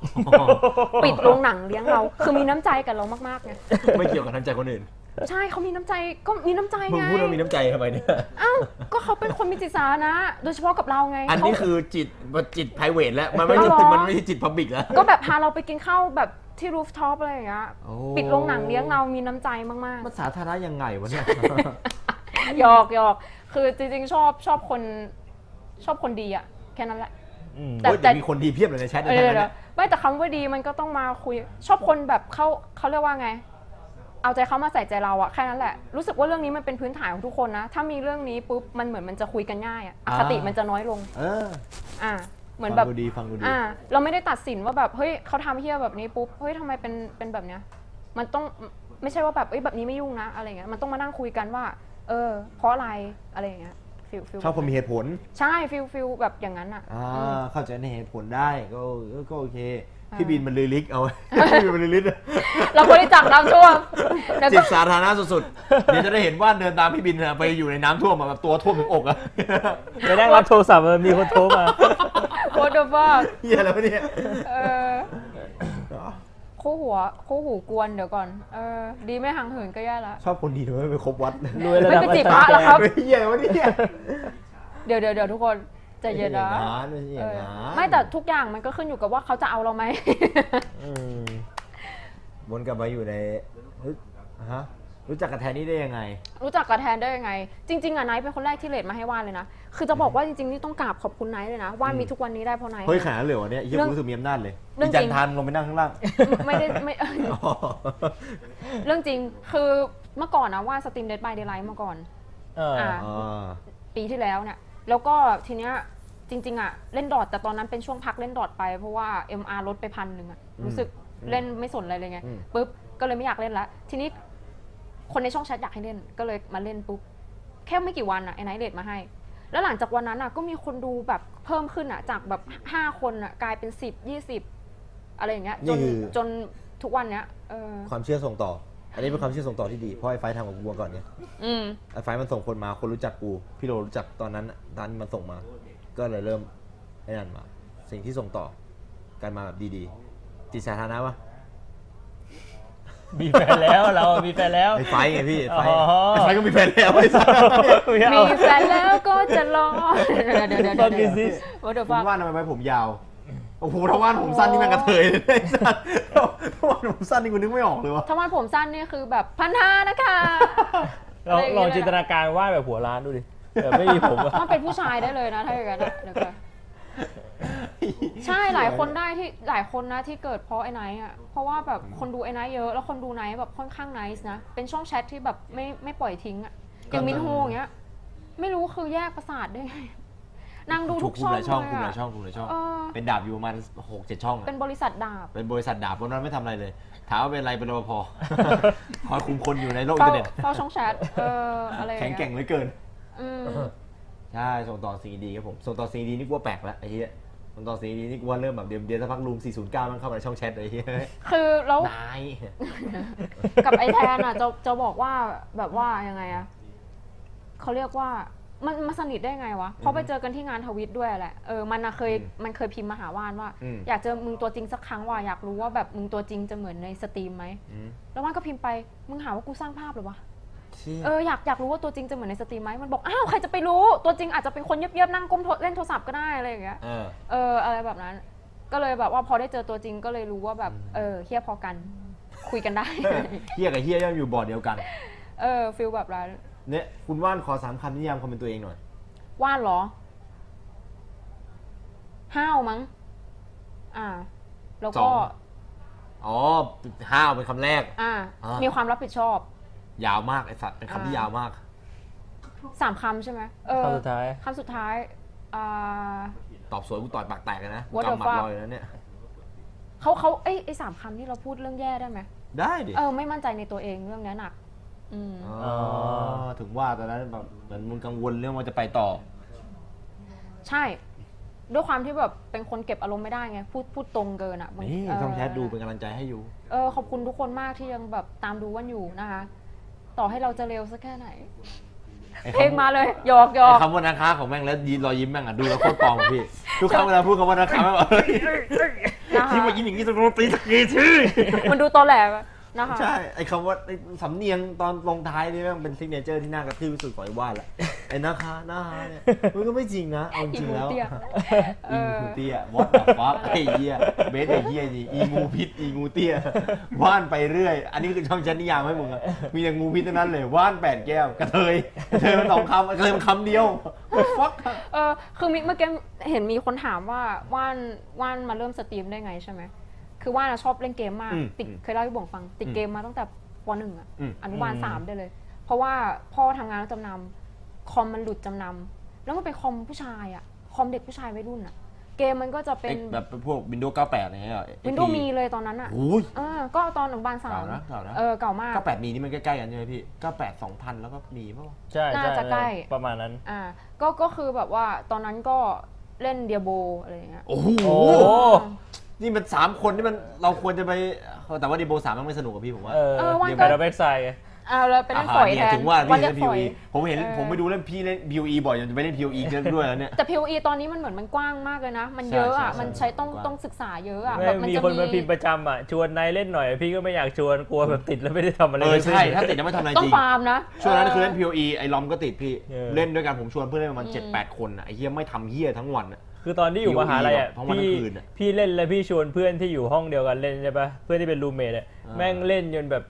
[SPEAKER 3] ปิดโรงหนังเลี้ยงเรา คือมีน้ำใจกับเรามากๆไง
[SPEAKER 1] ไม่เกี่ยวกับน้ำใจคนอื่น
[SPEAKER 3] ใช่เขามีน้ำใจก็มีน้ำใจ
[SPEAKER 1] มึง
[SPEAKER 3] ไง
[SPEAKER 1] พูดว่ามีน้ำใจทำไมเนี่ย
[SPEAKER 3] เอ้าก็เขาเป็นคนมีจิตสาธารณะโดยเฉพาะกับเราไง
[SPEAKER 1] อันนี้
[SPEAKER 3] เขา
[SPEAKER 1] คือจิตจิต p r i v a t แล้ว มันไม่
[SPEAKER 3] อ๋
[SPEAKER 1] ใช่
[SPEAKER 3] อเหรอ
[SPEAKER 1] จิตมันไม่ใช่จิต public แล้ว
[SPEAKER 3] ก็แบบพาเราไปกินข้าวแบบที่รูฟท็อปอะไรอย่างเงี้ย
[SPEAKER 1] โอ้
[SPEAKER 3] ปิดโรงหนังเลี้ยงเรามีน้ำใจมาก
[SPEAKER 1] มันสาธารณะยังไงวะเนี่ย
[SPEAKER 3] ๆหยอกหยอกคือจริงๆชอบชอบคนชอบคนดีอะแค่นั้นแหละ แต่
[SPEAKER 1] โอ้ย
[SPEAKER 3] แต่
[SPEAKER 1] แต่มีคนดีเพียบเลยในแชท
[SPEAKER 3] เอ
[SPEAKER 1] นะ
[SPEAKER 3] อ
[SPEAKER 1] แค่
[SPEAKER 3] เดี๋
[SPEAKER 1] นั้น
[SPEAKER 3] ย
[SPEAKER 1] นะ
[SPEAKER 3] วๆไม่แต่คำว่าดีมันก็ต้องมาคุย ชอบคนแบบเขาเขาเรียกว่าไง เอาใจเขามาใส่ใจเราอะแค่นั้นแหละ รู้สึกว่าเรื่องนี้มันเป็นพื้นฐานของทุกคนนะ ถ้ามีเรื่องนี้ปุ๊บมันเหมือนมันจะคุยกันง่ายอะอคติมันจะน้อยลง
[SPEAKER 1] เออ
[SPEAKER 3] อ่า เหมื
[SPEAKER 1] ฟั
[SPEAKER 3] อน
[SPEAKER 1] ง
[SPEAKER 3] แบบ
[SPEAKER 1] ดูดีฟังดูดี
[SPEAKER 3] อ่า เราไม่ได้ตัดสินว่าแบบเฮ้ยเขาทำเฮี้ยแบบนี้ปุ๊บเฮ้ยทำไมเป็นเป็นแบบเนี้ยมันต้องไม่ใช่ว่าแบบเอ้ยแบบนี้ไม่ยุ่งนะอะไรเงี้ยมันต้องมานั่งคุยกันว่า เออ เพราะอะไรอะไรอย่างเงี้ยฟิลฟิล
[SPEAKER 1] ชอบคนมีเหตุผล
[SPEAKER 3] ใช่ฟิลฟิลแบบอย่างนั้นอะ
[SPEAKER 1] อ่า
[SPEAKER 3] เออ
[SPEAKER 1] เข้าใจในเหตุผลได้ก็ก็ก็โอเค พี่
[SPEAKER 3] อ่า
[SPEAKER 1] บินมันลือลิก เอา พี่บินมันลือลิก
[SPEAKER 3] เราบริจาคน้ำท่ วมเดี๋ยว
[SPEAKER 1] จิ
[SPEAKER 3] ก็
[SPEAKER 1] ตสาธารณะสุดๆ เดี๋ยวจะได้เห็นว่าเดินตามพี่บินนะไปอยู่ในน้ำท่วมอะแบบตัวท่วมถึงอกอะ
[SPEAKER 2] ไปนั่งรับโทรศัพท์มันมีคนโทรมา
[SPEAKER 3] What the fuck
[SPEAKER 1] เฮียอะไรวะเนี่ย
[SPEAKER 3] เออ
[SPEAKER 1] อ
[SPEAKER 3] คู่หัวคู่หูกวนเดี๋ยวก่อน เออ ดีไม่ห่างเหินก็แย่ละ
[SPEAKER 4] ชอบคนดีทำไมไม่ไปคบวัดเลย
[SPEAKER 2] รวยระดั
[SPEAKER 3] ไม่
[SPEAKER 2] บ
[SPEAKER 3] ไปจีบพระเหรอครับ
[SPEAKER 4] ไม่เหี้ยวะเนี่ย
[SPEAKER 3] เดี๋ยวเดี๋ยวเดี๋ยวทุกคนใจเย็นนะ
[SPEAKER 4] ไม่ใช่อ
[SPEAKER 3] เอย่าง อ
[SPEAKER 4] นั้น
[SPEAKER 3] ไม่แต่ทุกอย่างมันก็ขึ้นอยู่กับว่าเขาจะเอาเราไหม
[SPEAKER 4] มวนกลับมาอยู่ในเฮ้ยฮะรู้จักกับแทนนี่ได้ยังไง
[SPEAKER 3] รู้จักกับแทนได้ยังไง จริง ๆอ่ะไนท์เป็นคนแรกที่เลดมาให้ว่านเลยนะ คือจะบอกว่าจริงๆนี่ต้องกราบขอบคุณไนท์เลยนะ ว่านมีทุกวันนี้ได้เพราะไนท์
[SPEAKER 4] เฮ้ยขนาดนั้นเลยวะเนี่ยเฮีย
[SPEAKER 3] เรื่อง
[SPEAKER 4] กูรู้สึกมีอำนาจเลย
[SPEAKER 3] เรื่อง
[SPEAKER 1] จั
[SPEAKER 3] จ
[SPEAKER 1] น
[SPEAKER 3] ริง
[SPEAKER 1] ทานลงไปนั่งข้างล่าง
[SPEAKER 3] ไม่ได้ไม่
[SPEAKER 4] อ๋อ
[SPEAKER 3] เรื่องจริงคือเมื่อก่อนนะว่าสตรีมเดดบายเดย์ไลท์มาก่อน
[SPEAKER 2] เออ
[SPEAKER 3] อ่า
[SPEAKER 4] อ่า
[SPEAKER 3] ปีที่แล้วเนี่ย แล้วก็ทีเนี้ยจริง ๆ อ่ะ เล่นดอทแต่ตอนนั้นเป็นช่วงพักเล่นดอทไป เพราะว่า MR ลดไปพันหนึ่งอ่ะ รู้สึกเล่นไม่สนอะไรเลยไงปุ๊บ ก็เลยไม่อยากเล่นละ ทีนี้คนในช่องแชทอยากให้เล่นก็เลยมาเล่นปุ๊บ แค่ไม่กี่วันอ่ะไอ้ไนท์เลดมาให้ แล้วหลังจากวันนั้นอ่ะก็มีคนดูแบบเพิ่มขึ้นอ่ะ จากแบบ 5 คนอ่ะกลายเป็น 10 20 อะไรอย่างเงี้ยจน
[SPEAKER 4] นี่คือ
[SPEAKER 3] จนทุกวันเนี้ยเออ
[SPEAKER 4] ความเชื่อส่งต่อ อันนี้เป็นความเชื่อส่งต่อที่ดี เพราะไอ้ไฟท์ทำกับกูมาก่อนเนี่ย
[SPEAKER 3] อืม
[SPEAKER 4] ไอ้ไฟท์มันส่งคนมา คนรู้จักกู พี่โรรู้จักตอนนั้นตอนมันส่งมา ก็เลยเริ่มไอ้นั่นมา สิ่งที่ส่งต่อ กันมาแบบดีๆ จิตสาธารณะวะ
[SPEAKER 2] มีแฟนแล้วเรามีแฟนแล้ว
[SPEAKER 4] ไอ้ไฟท์ไงพี่ ไอ้ไฟท์
[SPEAKER 2] อ๋อ
[SPEAKER 4] ไอ้ไฟท์ก็มีแฟน แล้วไอ้สัส
[SPEAKER 3] มีแฟนแล้วก็จะรอเดี๋ยวเดี๋ยวเดี๋ยวเดี๋ยว
[SPEAKER 2] Fuck is this?
[SPEAKER 3] ว่าเดี๋ยว
[SPEAKER 4] ผม
[SPEAKER 3] ฟัง
[SPEAKER 4] ว่าทำไมไว้ผมยาว โอ้โหทว่านผมสั้นนี่แม่งกระเทย เลยไอ้สัสทว่านผมสั้นนี่กูนึกไม่ออกเลยวะ
[SPEAKER 3] ถ้ามันผมสั้นเนี่ยคือแบบพันห้านะคะ
[SPEAKER 2] ลอง
[SPEAKER 3] อะไรอย่างเงี้ย
[SPEAKER 2] ลองจินตนาการว่าดแบบหัวร้านดูดิแต่ไม่มีผมอะ
[SPEAKER 3] มันเป็นผู้ชายได้เลยนะถ้าอย่างนั้นอะเดี๋ยวก่ อนใช่หลายคนได้ที่หลายคนนะที่เกิดเพราะไอ้ไนท์อ่ะเพราะว่าแบบคนดูไอ้ไนท์เยอะแล้วคนดูไนท์แบบค่อนข้างไนท์นะเป็นช่องแชทที่แบบไม่ไม่ปล่อยทิ้งอ่ะอย่างมินโฮอย่างเงี้ย ไม่รู้คือแยกประสาทได้ ไงนางดู
[SPEAKER 1] ถู
[SPEAKER 3] ทุ
[SPEAKER 1] ก
[SPEAKER 3] ก
[SPEAKER 1] คุม
[SPEAKER 3] ช่อง
[SPEAKER 1] ห
[SPEAKER 3] เล
[SPEAKER 1] ลายช่อง
[SPEAKER 3] ย
[SPEAKER 1] คุมหลายช่องคุมห
[SPEAKER 3] อะ
[SPEAKER 1] ลายช่อง
[SPEAKER 3] เออ
[SPEAKER 1] เป็นดาบอยู่ประมาณหกเจ็ดช่องอะ
[SPEAKER 3] เป็นบริษัทดาบ
[SPEAKER 1] เป็นบริษัทดาบเพราะนั้นไม่ทำอะไรเลย ถามว่าเป็นอะไรเป็นรปภ คอยคุมคนอยู่ในโลกอิน
[SPEAKER 3] เฝ้า
[SPEAKER 1] เทอร์เน็ต
[SPEAKER 3] เฝ้าช่องแชทเอออะไรอย่า
[SPEAKER 1] แข็ง
[SPEAKER 3] เย
[SPEAKER 1] แกร่งเหลือเกิน
[SPEAKER 3] อืม
[SPEAKER 1] ใช่ ส่งต่อซีดีครับผม ส่งต่อซีดีนี่กูว่าแปลกแล้วไอ้เหี้ยส่งต่อซีดีนี่กูว่าเริ่มแบบเดียมเดียวสักพักลุง409มันเข้ามาในช่องแชทไอ้เหี้ย
[SPEAKER 3] คือแล้ว
[SPEAKER 1] นาย
[SPEAKER 3] กับไอแทนอ่ะจะ จะบอกว่าแบบว่ายังไงอ่ะเขาเรียกว่ามันมาสนิทได้ไงวะเพราะไปเจอกันที่งานทวิตด้วยแหละเออมันน่ะเคยมันเคยพิมพ์มาหาว่านว่า อยากเจอมึงตัวจริงสักครั้งว่ะอยากรู้ว่าแบบมึงตัวจริงจะเหมือนในสตรีมไหมแล้วว่านก็พิมพ์ไปมึงหาว่ากูสร้างภาพเหรือวะเอออยากอยากรู้ว่าตัวจริงจะเหมือนในสตรีมไหมมันบอกอ้าวใครจะไปรู้ตัวจริงอาจจะเป็นคนเยียบๆนั่งก้มโทรเล่นโทรศัพท์ก็ได้อะไรอย่างเงี้ย
[SPEAKER 1] เออ
[SPEAKER 3] เอออะไรแบบนั้น ก็เลยแบบว่าพอได้เจอตัวจริงก็เลยรู้ว่าแบบ เออเฮียพอกัน คุยกันได้
[SPEAKER 1] เหี้ยกับเหี้ยย่อมอยู่บอร์ดเดียวกัน
[SPEAKER 3] เออฟิลแบบนั้น
[SPEAKER 1] เนี่ยคุณว่านขอสามคำนิยามความเป็นตัวเองหน่อย
[SPEAKER 3] ว่านเหรอ ห้าวมั้ง อ่า แล้ว
[SPEAKER 1] ส
[SPEAKER 3] ก็
[SPEAKER 1] อง อ๋อห้าวเป็นคำแรก
[SPEAKER 3] อ่า
[SPEAKER 1] อ่ามี
[SPEAKER 3] มีความรับผิดชอบ
[SPEAKER 1] ยาวมากไอ้สัตว์เป็นคำที่ยาวมาก
[SPEAKER 3] สามคำใช่ไหมเออ
[SPEAKER 2] คำสุดท้าย
[SPEAKER 3] คำสุดท้าย อ่า
[SPEAKER 1] ตอบสวยกูต่อยปากแตกเลยนะกู
[SPEAKER 3] What the
[SPEAKER 1] กำหมัด
[SPEAKER 3] fuck
[SPEAKER 1] ลอยแล้วเนี่ย
[SPEAKER 3] เขาเขาเอ้ยไอสามคำที่เราพูดเรื่องแย่ได้ไหม
[SPEAKER 1] ได้ดิ
[SPEAKER 3] เออ ไม่มั่นใจในตัวเองเรื่องเนี้ยหนัก อืม
[SPEAKER 1] อ๋อถึงว่าตอนนั้นแบบเหมือนมึงกังวลเรื่องว่าจะไปต่อ
[SPEAKER 3] ใช่ ด้วยความที่แบบเป็นคนเก็บอารมณ์ไม่ได้ไง พูดพูดตรงเกินอ่ะบาง
[SPEAKER 1] นี่
[SPEAKER 3] เ
[SPEAKER 1] ช่องแชทดูเป็นกำลังใจให้อยู่
[SPEAKER 3] เออขอบคุณทุกคนมากที่ยังแบบตามดูวันอยู่นะคะ ต่อให้เราจะเร็วสักแค่ไหน เพลงมาเลยหยอกหยอก
[SPEAKER 1] ไอ้คำว่านะคะของแม่งแล้วยีรอยยิ้มแม่งอ่ะดูแล้วโคตรปลอมอะพี่ ทุกครั้งเวลาพูดคำว่านะคะแม่งแบบเฮ้ย
[SPEAKER 3] นะ
[SPEAKER 1] ที่
[SPEAKER 3] คะ
[SPEAKER 1] มายิ้มอย่างนี้ต้องโดนตีสักทีสิ
[SPEAKER 3] มันดูตอแหลนะคะ
[SPEAKER 1] ใช่ไอ้คำว่าไอ้สำเนียงตอนลงท้ายนี่แม่งเป็นซิกเนเจอร์ที่น่ากระทืบที่สุดของไอ้ว่านละไอ้นะคะนะคะเนี่ยมันก็ไม่จริงนะเอาจ
[SPEAKER 3] อี
[SPEAKER 1] ริง
[SPEAKER 3] หู
[SPEAKER 1] แล้ว
[SPEAKER 3] เตี้ยเอ
[SPEAKER 1] อี
[SPEAKER 3] อ
[SPEAKER 1] งูเตี้ยวอตแบบฟักไอ้เหี้ยเบสไอ้เหี้ยนี่อีงูพิษอีงูเตี้ยว่านไปเรื่อย อันนี้คือช่องชั้นนิยามให้มึงอะมีแต่งูพิษทั้งนั้นเลยว่านแปดแก้วกระเทยกระเทยมันสองคำกระเทยมันคำเดียวฟัก
[SPEAKER 3] เออคือมิเมื่อกี้เห็นมีคนถามว่าว่านว่านมาเริ่มสตรีมได้ไงใช่ไหมคือว่านอะชอบเล่นเกมมาก
[SPEAKER 1] อืม
[SPEAKER 3] ติด
[SPEAKER 1] อืม
[SPEAKER 3] เคยเล่าให้บ่วงฟัง ติดเกมมาตั้งแต่ปหนึ่งอะ
[SPEAKER 1] อืม
[SPEAKER 3] อนุบาลสามได้เลย เพราะว่าพ่อทำงานรับจำนำคอมมันหลุดจำนำแล้วมันเป็นคอมผู้ชายอะคอมเด็กผู้ชายวัยรุ่นอะเกมมันก็จะเป็น
[SPEAKER 1] ไอ้แบบพวก Windows 98อะไรเงี้ยเหรอ
[SPEAKER 3] วินโด
[SPEAKER 1] XP
[SPEAKER 3] ว์มีเลยตอนนั้นอ่ะ
[SPEAKER 1] โอ้ย
[SPEAKER 3] เออก็ตอนอนุบาลสาม
[SPEAKER 1] เก่านะเก่านะ
[SPEAKER 3] ออเก่ามาก
[SPEAKER 1] 98 มีนี่มันใกล้ๆกันใช่ไหมพี่ 98 2000 แล้วก็มีป่าวะ
[SPEAKER 2] ใช่ใช่
[SPEAKER 3] น่าจะใกล้
[SPEAKER 2] ประมาณนั้น
[SPEAKER 3] อ่า ก็ ก็คือแบบว่าตอนนั้นก็เล่นเดียโบอะไรอย่างเงี้ย
[SPEAKER 1] โอ้โห
[SPEAKER 2] โอ้
[SPEAKER 1] นี่มัน 3 คนนี่มันเราควรจะไป แต่ว่าดีโบ3มันไม่สนุกกับพี่ผมว่า
[SPEAKER 2] เออ
[SPEAKER 3] เออวัน
[SPEAKER 2] เดี๋ยว
[SPEAKER 3] ก็
[SPEAKER 2] ไปรับแบ็กไซด์
[SPEAKER 3] เอาเราไปเล่น
[SPEAKER 1] อา
[SPEAKER 3] ฝ
[SPEAKER 1] หา
[SPEAKER 3] อ
[SPEAKER 1] ร
[SPEAKER 3] ย
[SPEAKER 1] เนี่
[SPEAKER 3] แท
[SPEAKER 1] ย
[SPEAKER 3] น
[SPEAKER 1] ถึงว่าพี่
[SPEAKER 3] เล่
[SPEAKER 1] เล่น
[SPEAKER 3] นฝอย
[SPEAKER 1] POE ผมเห็น
[SPEAKER 3] เออ
[SPEAKER 1] ผมไปดูเล่นพี่เล่น POE บ่อยจนไปเล่น POE เยอะด้วยแล้วเนี่ย
[SPEAKER 3] แต่ POE ตอนนี้มันเหมือนมันกว้างมากเลยนะ มัน
[SPEAKER 1] ใช่
[SPEAKER 3] เยอะอ่ะ
[SPEAKER 1] ใช่
[SPEAKER 3] มันใช้ต้อง
[SPEAKER 1] กว้าง
[SPEAKER 3] ต้องศึกษาเยอะอ่ะ
[SPEAKER 2] ไม่
[SPEAKER 3] แบบมัน
[SPEAKER 2] มี
[SPEAKER 3] จะ
[SPEAKER 2] คนมา
[SPEAKER 3] มี
[SPEAKER 2] พิมพ์ประจำอ่ะ ชวนนายเล่นหน่อย พี่ก็ไม่อยากชวนกลัวแบบติดแล้วไม่ได้ทำอะไร
[SPEAKER 1] เออ
[SPEAKER 2] ไม่ได้
[SPEAKER 1] ใช่ถ้าติดยังไม่ทำอะไร
[SPEAKER 3] ต้อง
[SPEAKER 1] จริง
[SPEAKER 3] ฟาร์มนะ
[SPEAKER 1] ช่วงนั้นคือ
[SPEAKER 3] เ
[SPEAKER 1] เล่น POE ไอ้ลอมก็ติดพี่
[SPEAKER 2] เออ
[SPEAKER 1] เล่นด้วยกันผมชวนเพื่อนเล่นประมาณ
[SPEAKER 3] อืม
[SPEAKER 1] 7-8 คนอะไอ้เฮียไม่ทำเฮียทั้งวันอะ
[SPEAKER 2] คือตอนที่อยู่มหาลัยอ่ะ
[SPEAKER 1] เพราะวันก
[SPEAKER 2] พี่
[SPEAKER 1] ลางคืนอะ
[SPEAKER 2] พี่เล่นแล้วพี่ชวนเพื่อนที่อยู่ห้องเดียวกันเล่นใช่ปะเพื่อนที่เป็นรูมเมทอ่ะแม่งเล่นจนแบบ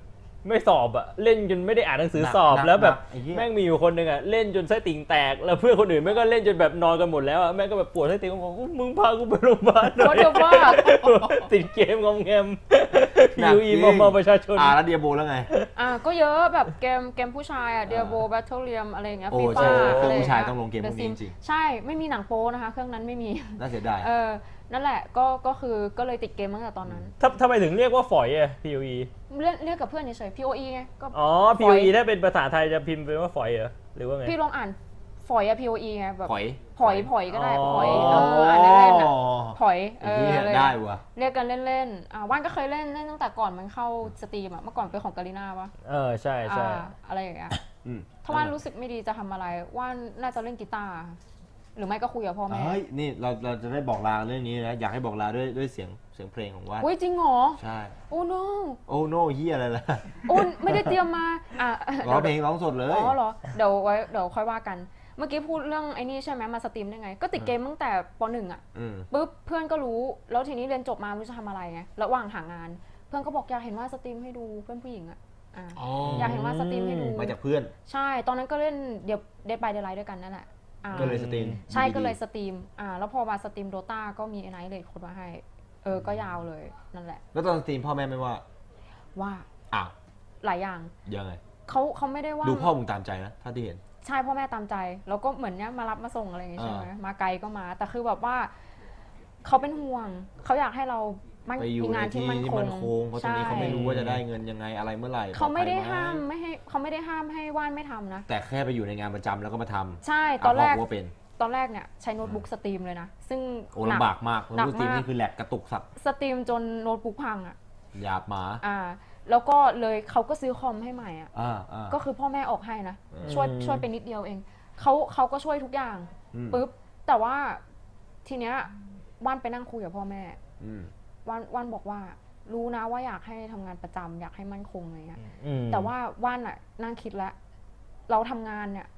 [SPEAKER 2] ไม่สอบอ่ะเล่นจนไม่ได้อ่านหนังสือสอบ
[SPEAKER 1] หนัก
[SPEAKER 2] แล้วแบบ
[SPEAKER 1] หนักไอ้เหี้ย
[SPEAKER 2] แม่งมีอยู่คนหนึ่งอ่ะเล่นจนไส้ติ่งแตก แล้วเพื่อนคนอื่นแม่งก็เล่นจนแบบนอนกันหมดแล้วอ่ะแม่งก็แบบปวดไส้ติ่งก็บอกว่ามึงพากูไปโรงพยาบาลหน่อย
[SPEAKER 3] What the fuck
[SPEAKER 2] ติดเกมงอมแงม
[SPEAKER 1] หนัก
[SPEAKER 2] ยูอี
[SPEAKER 1] จริง
[SPEAKER 2] มอมอประชาชน
[SPEAKER 1] อ่าแล้วเดียโบแล้วไง
[SPEAKER 3] อ่ะก็เยอะแบบเกมเกมผู้ชายอ่ะเดียโบแบทเทิลเรียมอะไรอย่างเงี้ย
[SPEAKER 1] โอ้
[SPEAKER 3] ฟี
[SPEAKER 1] ใช่ใช่พ
[SPEAKER 3] ฟ่าอะไร
[SPEAKER 1] วกผู้ชายต้องลงเกมพวกนี้จริง
[SPEAKER 3] ใช่ไม่มีหนังโป้นะคะ เครื่องนั้นไม่มี
[SPEAKER 1] น่าเสียดาย
[SPEAKER 3] เออ นั่นแหละก็ก็คือก็เลยติดเกมตั้งแต่ตอนนั้น
[SPEAKER 2] ทำทำไมถึงเรียกว่าฝอยอ่ะ POE
[SPEAKER 3] เรียกเรียกกับเพื่อนเฉยๆ POE ไงก็
[SPEAKER 2] อ๋อ
[SPEAKER 3] ฝอ
[SPEAKER 2] POE
[SPEAKER 3] ย
[SPEAKER 2] ถ้าเป็นภาษาไทยจะพิมพ์เป็นว่าฝอยเหรอหรือว่าไง
[SPEAKER 3] พี่ลองอ่านฝอยอะ POE ไงแบบ
[SPEAKER 1] หอย
[SPEAKER 3] ผอยผอยก็ได้
[SPEAKER 2] อ๋อ
[SPEAKER 3] ผอยเอออ่านเล่นๆอะผอยเอ
[SPEAKER 1] ไอ้
[SPEAKER 3] อ
[SPEAKER 1] เฮีย
[SPEAKER 3] อะไร
[SPEAKER 1] ได้วะ
[SPEAKER 3] เรียกกันเล่นๆอ่ะว่านก็เคยเล่นเล่นตั้งแต่ก่อนมันเข้าสตรีมอะเมื่อก่อนเป็นของกาลิน่าปะ
[SPEAKER 2] เออ ใช่ใช่
[SPEAKER 3] อ่าอะไรอย่างเงี้ย
[SPEAKER 1] อืม
[SPEAKER 3] ถ้าว่านรู้สึกไม่ดีจะทำอะไร ว่านน่าจะเล่นกีตาร์หรือไม่ก็คุยกับพ่อแม่
[SPEAKER 1] เฮ้ยนี่เราเราจะได้บอกลาเรื่องนี้นะอยากให้บอกลาด้วยด้วยเสียงเสียงเพลงของว่าน
[SPEAKER 3] อุ้ยจริงเหรอ
[SPEAKER 1] ใช่
[SPEAKER 3] โอ้ no
[SPEAKER 1] โอ้โนเฮียอะไรล่ะ
[SPEAKER 3] โอ้ไม่ได้เตรียมมาอ่ะ
[SPEAKER 1] ร้องเพลงร้องสดเลย
[SPEAKER 3] อ๋อเหรอ เดี๋ยวไว้เดี๋ยวค่อยว่ากัน เมื่อกี้พูดเรื่องไอ้นี่ใช่ไหมมาสตรีมได้ไง ก็ติดเกมตั้งแต่ปหนึ่งอ่ะ
[SPEAKER 1] อืม
[SPEAKER 3] ปุ๊บเพื่อนก็รู้ แล้วทีนี้เรียนจบมาไม่รู้จะทำอะไรไงระหว่างหางาน เพื่อนก็บอกอยากเห็นว่าสตรีมให้ดูเพื่อนผู้หญิงอ่ะอ่ะอยากเห็นว่าสตรีมให้ดู
[SPEAKER 1] มาจากเพื่อน
[SPEAKER 3] ใช่ตอนนั้นก็เล่นเดี๋ยวเดทไปเดทไลท์ด้วยกันนั่นแหละอ่ะ
[SPEAKER 1] ก็เลยสตรีม
[SPEAKER 3] ใช่ก็เลย
[SPEAKER 1] ดี
[SPEAKER 3] สตรีม อ่า แล้วพอมาสตรีมโดตาก็มีไอไนท์เลดคนมาให้ เออ ก็ยาวเลยนั่นแหละ
[SPEAKER 1] ๆแล้วตอนสตรีมพ่อแม่ไม่ว่า
[SPEAKER 3] ว่า
[SPEAKER 1] อ้าว
[SPEAKER 3] หลายอย่าง
[SPEAKER 1] ยังไง
[SPEAKER 3] เขาเขาไม่ได้ว่า
[SPEAKER 1] ดูพ่อมึงตามใจนะถ้าที่เห็น
[SPEAKER 3] ใช่พ่อแม่ตามใจ แล้วก็เหมือนเนี้ยมารับมาส่งอะไรอย่างงี้ใช่ไหม
[SPEAKER 1] อ่าม
[SPEAKER 3] มาไกลก็มา แต่คือแบบว่าเขาเป็นห่วง เขาอยากให้เรามัน
[SPEAKER 1] ไปอยู่
[SPEAKER 3] มีงา
[SPEAKER 1] ใน
[SPEAKER 3] นที่
[SPEAKER 1] ที่
[SPEAKER 3] มัน
[SPEAKER 1] ที่
[SPEAKER 3] ค
[SPEAKER 1] มัน
[SPEAKER 3] ง
[SPEAKER 1] โค้งเพราะตอนนี้เขาไม่รู้ว่าจะได้เงินยังไงอะไรเมื่อไหร่
[SPEAKER 3] เขาไม่ได้
[SPEAKER 1] ปห
[SPEAKER 3] ห้ามไม่ให้เขาไม่ได้ห้ามให้ว่านไม่ทำนะ
[SPEAKER 1] แต่แค่ไปอยู่ในงานประจำแล้วก็มาทำ
[SPEAKER 3] ใช่ตอนแรก
[SPEAKER 1] เาพ่ว่าเป็น
[SPEAKER 3] ตอนแรกเนี่ยใช้โน้ตบุ๊กสตรีมเลยนะ ซึ่ง
[SPEAKER 1] โอ้
[SPEAKER 3] หนั
[SPEAKER 1] ลำบากมาก
[SPEAKER 3] หนัก
[SPEAKER 1] รู้ทีม
[SPEAKER 3] มาก
[SPEAKER 1] นี่คือแหลกกระตุกสับ
[SPEAKER 3] สตรีมจนโน้ตบุ๊กพังอ่ะ
[SPEAKER 1] หยาบหมา
[SPEAKER 3] อ่า แล้วก็เลยเขาก็ซื้อคอมให้ใหม่อ่ะ
[SPEAKER 1] อ่าอ่า
[SPEAKER 3] ก็คือพ่อแม่ออกให้นะ
[SPEAKER 1] อืม
[SPEAKER 3] ช่วยช่วยไปนิดเดียวเองเขาเขาก็ช่วยทุกอย่าง
[SPEAKER 1] อืม
[SPEAKER 3] ปุ๊บแต่ว่าทีเนี้ยว่านไปนั่งคุยกับพ่อแม่
[SPEAKER 1] อืม
[SPEAKER 3] ว่านว่านบอกว่า รู้นะว่าอยากให้ทำงานประจำอยากให้มั่นคงอะไรเงี้ย
[SPEAKER 2] อืม
[SPEAKER 3] แต่ว่าว่านอะนั่งคิดแล้ว เราทำงานเนี่ย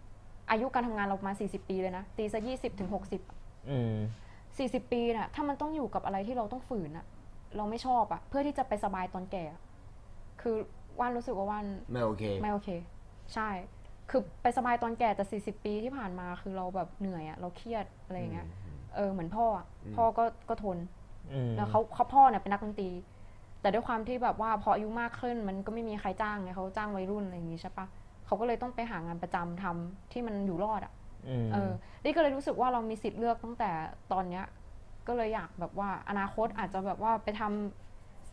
[SPEAKER 3] อายุการทำงานเราประมาณ40 ปีเลยนะตีซะยี่สิบถึงหกสิบ
[SPEAKER 2] อืม
[SPEAKER 3] สี่สิบปีน่ะถ้ามันต้องอยู่กับอะไรที่เราต้องฝืนอะเราไม่ชอบอะเพื่อที่จะไปสบายตอนแก่อะคือว่านรู้สึกว่าว่าน
[SPEAKER 1] ไม่โอเค
[SPEAKER 3] ไม่โอเค ใช่ คือไปสบายตอนแก่แต่ 40 ปีที่ผ่านมาคือเราแบบเหนื่อยอะเราเครียดอะไรอย่างเงี้ย เออเหมือนพ่ออะพ่อก็ก็ทน
[SPEAKER 2] อืม
[SPEAKER 3] แล้วเขาเขาพ่อเนี่ยเป็นนักดนตรี แต่ด้วยความที่แบบว่าพออายุมากขึ้นมันก็ไม่มีใครจ้างไงเขาจ้างวัยรุ่นอะไรอย่างงี้ใช่ปะเขาก็เลยต้องไปหางานประจำทำที่มันอยู่รอดอะเออ นี่ก็เลยรู้สึกว่าเรามีสิทธิ์เลือกตั้งแต่ตอนเนี้ย ก็เลยอยากแบบว่าอนาคตอาจจะแบบว่าไปทำ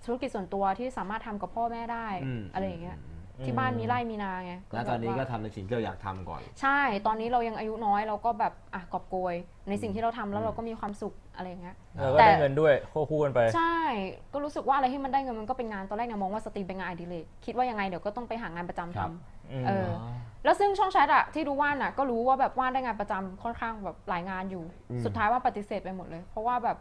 [SPEAKER 3] ธุรกิจส่วนตัวที่สามารถทำกับพ่อแม่ได้
[SPEAKER 1] อืม
[SPEAKER 3] อะไรอย่างเงี้ย ที่บ้านมีไร่มีนาไงก็
[SPEAKER 1] แล้วตอนนี้
[SPEAKER 3] บบ
[SPEAKER 1] ก็
[SPEAKER 3] ว่า
[SPEAKER 1] ทำในสิ่งที่เราอยากทำก่อน
[SPEAKER 3] ใช่ ตอนนี้เรายังอายุน้อยเราก็แบบอ่ะกอบโกย ในสิ่งที่เราทำแล้วเราก็มีความสุขอะไรอย่างเงี้ย
[SPEAKER 2] แล้วก็
[SPEAKER 3] แต่
[SPEAKER 2] ได้เงินด้วยควบคู่กันไป
[SPEAKER 3] ใช่ ก็รู้สึกว่าอะไรที่มันได้เงินมันก็เป็นงานตอนแรกเนี่ยมองว่าสตรีมเป็นงานอดิเรกคิดว่ายังไงเดี๋ยวก็ต้องไปหางานประจำ
[SPEAKER 1] ครั
[SPEAKER 3] ทำ
[SPEAKER 1] บ
[SPEAKER 3] เอออแล้วซึ่งช่องแชทอะที่ดูว่านอะก็รู้ว่าแบบว่านได้งานประจำค่อนข้างแบบหลายงานอยู่ สุดท้ายว่าปฏิเสธไปหมดเลย เพราะว่าแบบ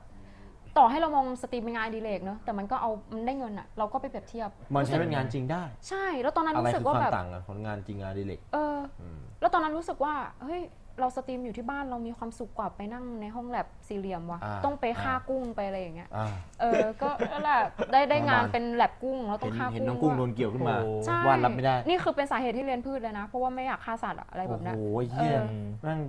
[SPEAKER 3] ต่อให้เรามองสตรีมเป็นงานอดิเรกเนอะแต่มันก็เอามันได้เงินอะเราก็ไปเปรียบเทียบ
[SPEAKER 1] มันใช้เป็นงานจริงได้
[SPEAKER 3] ใช่ แล้วตอนนั้น
[SPEAKER 1] อะไร
[SPEAKER 3] รู้สึ
[SPEAKER 1] คื
[SPEAKER 3] ก
[SPEAKER 1] อ
[SPEAKER 3] ว่า
[SPEAKER 1] ความ
[SPEAKER 3] แบบ
[SPEAKER 1] ต่างกันของงานจริงงานอดิเรก
[SPEAKER 3] เอออแล้วตอนนั้นรู้สึกว่าเฮ้ยเราสตรีมอยู่ที่บ้านเรามีความสุขกว่าไปนั่งในห้องแลบสี่เหลี่ยมว่ะ
[SPEAKER 1] อ่า
[SPEAKER 3] ต้องไปฆ่ากุ้งไปอะไรอย่างเงี้ย
[SPEAKER 1] อ่า
[SPEAKER 3] เออก็นั่นแหละได้ได้งา
[SPEAKER 1] ป
[SPEAKER 3] น
[SPEAKER 1] ระมาณ
[SPEAKER 3] เป็นแลบกุ้งแล้วต้
[SPEAKER 1] เห็น
[SPEAKER 3] องฆ่า
[SPEAKER 1] เห็นน้องกุ้
[SPEAKER 3] กุ้
[SPEAKER 1] งโดนเกี่ยวขึ้นมา
[SPEAKER 2] โอ้
[SPEAKER 3] ใช่
[SPEAKER 1] วาดรับไม่ได้
[SPEAKER 3] นี่คือเป็นสาเหตุที่เรียนพืชเลยนะ เพราะว่าไม่อยากฆ่าสัตว์อะอะไรแบ
[SPEAKER 1] โอ้
[SPEAKER 3] บ
[SPEAKER 1] โห
[SPEAKER 3] เนั้น
[SPEAKER 1] เฮีย
[SPEAKER 3] เออ
[SPEAKER 1] แม่ง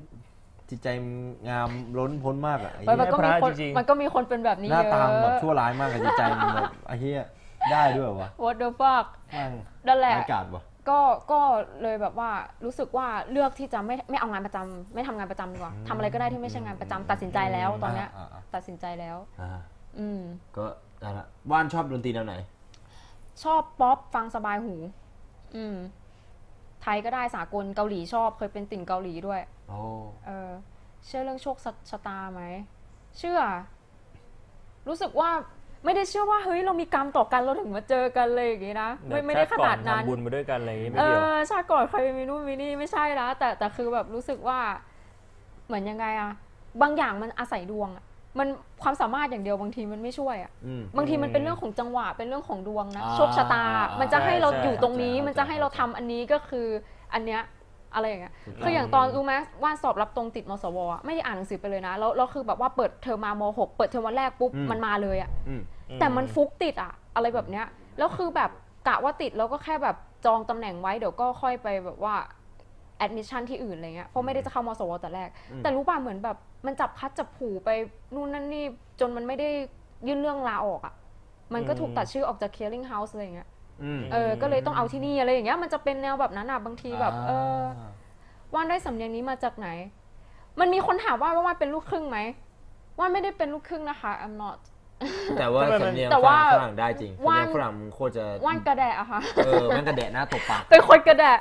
[SPEAKER 1] จิตใจมึงงามล้นพ้นมากอ่ะไอ้
[SPEAKER 3] มัน
[SPEAKER 1] เหี้ย
[SPEAKER 3] มันก็มีคน
[SPEAKER 2] จริงๆ
[SPEAKER 3] มันก็มีคนเป็นแบบนี้
[SPEAKER 1] หน้า
[SPEAKER 3] เยอ
[SPEAKER 1] ตามึงแบบชั่ว
[SPEAKER 3] ะ
[SPEAKER 1] ร้ายมากอะจิตใจมึงแบบ ไอ้เหี้ยได้ด้วยเหรอวะ
[SPEAKER 3] What the fuck
[SPEAKER 1] แม่ง
[SPEAKER 3] นั่นแหละ
[SPEAKER 1] อากาศวะ
[SPEAKER 3] ก็ก็เลยแบบว่ารู้สึกว่าเลือกที่จะไม่ไม่เอางานประจำไม่ทำงานประจำดีกว่าทำอะไรก็ได้ที่ไม่ใช่งานประจำตัดสินใจแล้วตอนเนี้ย
[SPEAKER 1] าา
[SPEAKER 3] ตัดสินใจแล้ว
[SPEAKER 1] อ่า
[SPEAKER 3] อืม
[SPEAKER 1] ก็นั่นละว่านชอบดนตรีแนวไหน
[SPEAKER 3] ชอบป๊อปฟังสบายหู อืม ไทยก็ได้สากลเกาหลีชอบเคยเป็นติ่งเกาหลีด้วย
[SPEAKER 1] โอ้
[SPEAKER 3] เออ เชื่อเรื่องโชคชะชะตาไหม เชื่อ รู้สึกว่า ไม่ได้เชื่อว่าเฮ้ยเรามีกรรมต่อกันเราถึงมาเจอกันเลยอย่างงี้นะไม่ไม่ได้ขนาดนั้น
[SPEAKER 2] ชติก่อทำบุญมาด้วยกันอะไรอย่างนี้ไม่
[SPEAKER 3] เอ
[SPEAKER 2] เดียว
[SPEAKER 3] อชาติก่อนใครมีนู่นมีนี่ไม่ใช่นะแต่แต่คือแบบรู้สึกว่า เหมือนยังไงอะบางอย่างมันอาศัยดวงอะมันความสามารถอย่างเดียวบางทีมันไม่ช่วยอะ
[SPEAKER 1] อืม
[SPEAKER 3] บางทีมันเป็นเรื่องของจังหวะเป็นเรื่องของดวงนะ
[SPEAKER 1] อ่า
[SPEAKER 3] โชคชะตา มันจะให้เรา
[SPEAKER 2] ใช่
[SPEAKER 3] อยู่ตรงนี้
[SPEAKER 1] เข้าใจ
[SPEAKER 3] มันจะให้เราทำอันนี้ก็คืออันเนี้ยอะไรอย่างเงี้ยคืออย่างตอนรู้ไหมว่าสอบรับตรงติดมสวอะไม่ได้อ่านหนังสือไปเลยนะแล้วแล้วคือแบบว่าเปิดเทอมมามหกเปิดเทอมวันแรกปุ๊บ
[SPEAKER 1] อืม
[SPEAKER 3] มันมาเลยอะ
[SPEAKER 1] อืม
[SPEAKER 3] แต่มันฟุกติดอะอะไรแบบเนี้ยแล้วคือแบบกะว่าติดแล้วก็แค่แบบจองตำแหน่งไว้เดี๋ยวก็ค่อยไปแบบว่าแอดมิชชั่นที่อื่นอะไรเงี้ยเพราะไม่ได้จะเข้ามสวแต่แรก
[SPEAKER 1] อืม
[SPEAKER 3] แต่รู้ป่ะเหมือนแบบมันจับพัดจับผูไปนู่นนั่นนี่จนมันไม่ได้ยื่นเรื่องลาออกอะมันก็ถูกตัดชื่อออกจาก clearing house อะไรเงี้ย
[SPEAKER 1] อืม
[SPEAKER 3] เออก็เลยต้องเอาที่นี่อะไรอย่างเงี้ยมันจะเป็นแนวแบบนั้นอะบางทีแบบเออว่านได้สำเนียงนี้มาจากไหน มันมีคนถามว่าว่าว่านเป็นลูกครึ่งไหมว่านไม่ได้เป็นลูกครึ่งนะคะ I'm not
[SPEAKER 1] แต่ว่า
[SPEAKER 2] ทำไมมัน
[SPEAKER 1] สำเนียง
[SPEAKER 3] แต่
[SPEAKER 1] ฝ
[SPEAKER 3] ว่า
[SPEAKER 1] รั่งฝรั่งได้จริงสำ
[SPEAKER 3] ว่า
[SPEAKER 1] เนียงฝรั่งมึงโคตรจะ
[SPEAKER 3] ว่านกระแดะอะค่ะ
[SPEAKER 1] เออแม่งกระแดะหน้าตบปาก
[SPEAKER 3] เป็นคนกระแด ะ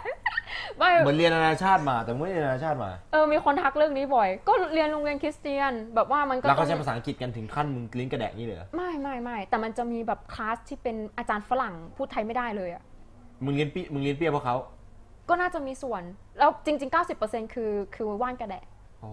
[SPEAKER 3] ไม่
[SPEAKER 1] เหมือนเรียนนานาชาติมาแต่ไม่ได้เรียนนานาชาติมา
[SPEAKER 3] เออ มีคนทักเรื่องนี้บ่อย ก็เรียนโรงเรียนคริสเตียน แบบว่ามันก็
[SPEAKER 1] แล้วเขา
[SPEAKER 3] ต้
[SPEAKER 1] ใช้
[SPEAKER 3] อง
[SPEAKER 1] ภาษาอังกฤษกันถึงขั้นมึงลิ้นกระแดะนี่เลยเหรอ
[SPEAKER 3] ไม่ไม่ไม่ แต่มันจะมีแบบคลาสที่เป็นอาจารย์ฝรั่งพูดไทยไม่ได้เลยอ่ะ
[SPEAKER 1] มึงเรียนปีมึงเรียนเปียเพราะเขา
[SPEAKER 3] ก็น่าจะมีส่วน แล้วจริง ๆ 90%คือคือว่านกระแดะ
[SPEAKER 1] อ๋อ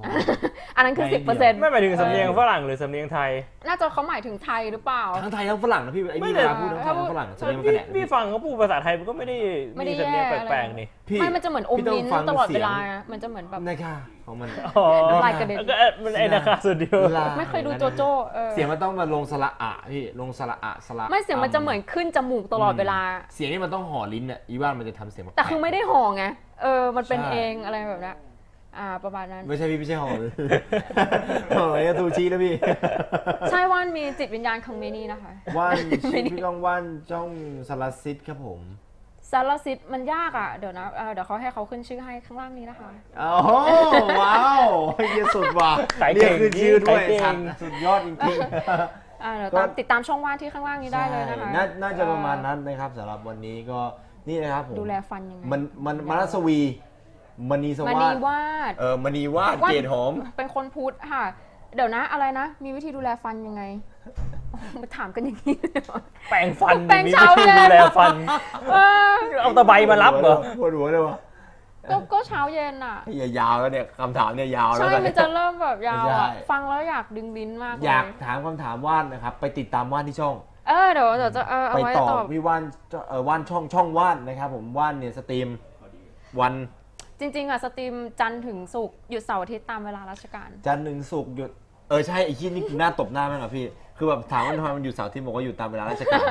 [SPEAKER 3] อันนั้นคือ
[SPEAKER 1] ไม่เดี
[SPEAKER 3] 10%
[SPEAKER 2] ไม่หมายถึงสำเนียงฝรั่งหรือสำเนียงไทย
[SPEAKER 3] น่าจะเขาหมายถึงไทยหรือเปล่า
[SPEAKER 1] ทั้งไทยทั้งฝรั่งนะพี่ไอ้นี่เวลาพูดทั้งไทยทั้งฝรั่งสำเนียงมันกระแดะนะ
[SPEAKER 2] พี่
[SPEAKER 1] พี่
[SPEAKER 2] ฟังเขาพูดภาษาไทยมันก็ไม่ได้
[SPEAKER 3] ไม่ได้
[SPEAKER 2] มีสำเนียง
[SPEAKER 3] แย่อะไร
[SPEAKER 2] แปลกๆนี่
[SPEAKER 1] พี่
[SPEAKER 3] ไม่ มันจะเหมือนอม
[SPEAKER 1] พี่ต้ง
[SPEAKER 3] ยิ้น
[SPEAKER 1] ฟัง
[SPEAKER 3] ตลอดเว
[SPEAKER 1] สียง
[SPEAKER 3] ลาอะมันจะเหมือนแบบ
[SPEAKER 1] ในค่ะของมัน
[SPEAKER 2] อ๋อ
[SPEAKER 3] น้ำลายกระเด็น
[SPEAKER 2] แล้วก็เอ๊ะมันไอ้นาคาสุดเดียว
[SPEAKER 3] ไม่เคยดูโจโจ้เออ
[SPEAKER 1] เสียงมันต้องมาลงสระอะพี่ลงสระอะสระ
[SPEAKER 3] ไม่เสียงมันจะเหมือนขึ้นจมูกตลอดเวลา
[SPEAKER 1] เสียงนี่มันต้องห่อลิ้นอ่ะอีว่านมันจะทำเสียงบบ
[SPEAKER 3] แต่คือไม่ได้ห่อไง เออ มันเป็น
[SPEAKER 1] ใช่
[SPEAKER 3] เองอะไรแบบเนี้ยอ่า ประมาณนั้น
[SPEAKER 1] ไม่ใช่พี่ไม่ใช่ห่อ เลยโอ้ยซูชิแล้วพี่
[SPEAKER 3] ใช่ว่านมีจิตวิญญาณของเมนี่นะคะ
[SPEAKER 1] ว่านชื่อพี่ก้องว่านจ้องสารสิทธิ์ครับผม
[SPEAKER 3] สารสิทธิ์มันยากอ่ะ เดี๋ยวนะเอ่อเดี๋ยวเขาให้เขาขึ้นชื่อให้ข้างล่างนี้นะคะ
[SPEAKER 1] โอ้โหว้าวเฮียสุดว่ะ
[SPEAKER 2] สายเก่
[SPEAKER 1] เรียก
[SPEAKER 2] ง
[SPEAKER 1] ขึ้นชื่อด้วย
[SPEAKER 2] สายเก่ง
[SPEAKER 1] ชัดสุดยอดจริงๆ
[SPEAKER 3] อ่าเดี๋ยว
[SPEAKER 1] ก็
[SPEAKER 3] ตามติดตามช่องว่างที่ข้างล่างนี้ได้เลยนะคะ
[SPEAKER 1] ใช่น่าจะประมาณนั้นนะครับสำหรับวันนี้ก็นี่นะครับผม
[SPEAKER 3] ดูแลฟันยังไง
[SPEAKER 1] มันมันมรัสวีมณีส
[SPEAKER 3] ม
[SPEAKER 1] วา
[SPEAKER 3] ณี
[SPEAKER 1] ส
[SPEAKER 3] วาด
[SPEAKER 1] เออมณีวาด
[SPEAKER 3] วาด
[SPEAKER 1] เกตหอม
[SPEAKER 3] เป็นคนพุทธค่ะ เดี๋ยวนะอะไรนะ มีวิธีดูแลฟันยังไง มาถามกันอย่างนี้เลยเหรอ
[SPEAKER 2] แปลงฟัน
[SPEAKER 3] แปรงเช้า
[SPEAKER 2] มี
[SPEAKER 3] เลย
[SPEAKER 2] ดูแลฟัน
[SPEAKER 3] เออ
[SPEAKER 2] เอาตะไบมารับเหรอ
[SPEAKER 1] ปวดหัวเลยวะ
[SPEAKER 3] ก็ก็เช้าเย็นอ่ะ
[SPEAKER 1] ไอ้เหี้ยยาวแล้วเนี่ยคำถามเนี่ยยาวแล้ว
[SPEAKER 3] ใช่
[SPEAKER 1] ตอน
[SPEAKER 3] มั
[SPEAKER 1] เนี้
[SPEAKER 3] น
[SPEAKER 1] ย
[SPEAKER 3] จะเริ่มแบบยาว
[SPEAKER 1] ไม่
[SPEAKER 3] อ่ะ
[SPEAKER 1] ใช่
[SPEAKER 3] ฟังแล้วอยากดึงลิ้นมากเล
[SPEAKER 1] อย ยากถามคำถามว่านนะครับ ไปติดตามว่านที่ช่อง
[SPEAKER 3] เออเดี๋ยวเดี๋ยวจะเออเอา
[SPEAKER 1] ไป
[SPEAKER 3] ไว้
[SPEAKER 1] ต่อ
[SPEAKER 3] ตอบ
[SPEAKER 1] วิว่านเออว่านช่องช่องว่านนะครับผมว่านเนี่ยสตรีมวัน
[SPEAKER 3] จริงๆอ่ะสตรีมจันทร์ถึงศุกร์หยุดเสาร์อาทิตย์ตามเวลาราชการ
[SPEAKER 1] จันทร์ถึงศุกร์หยุดเออใช่ไอ้ขี้นี่คือหน้าตบหน้าแม่งเหรอพี่ คือแบบถามว่าทำไมมันอยู่เสาร์อาที่บอกว่าอยู่ตามเวลาราชการ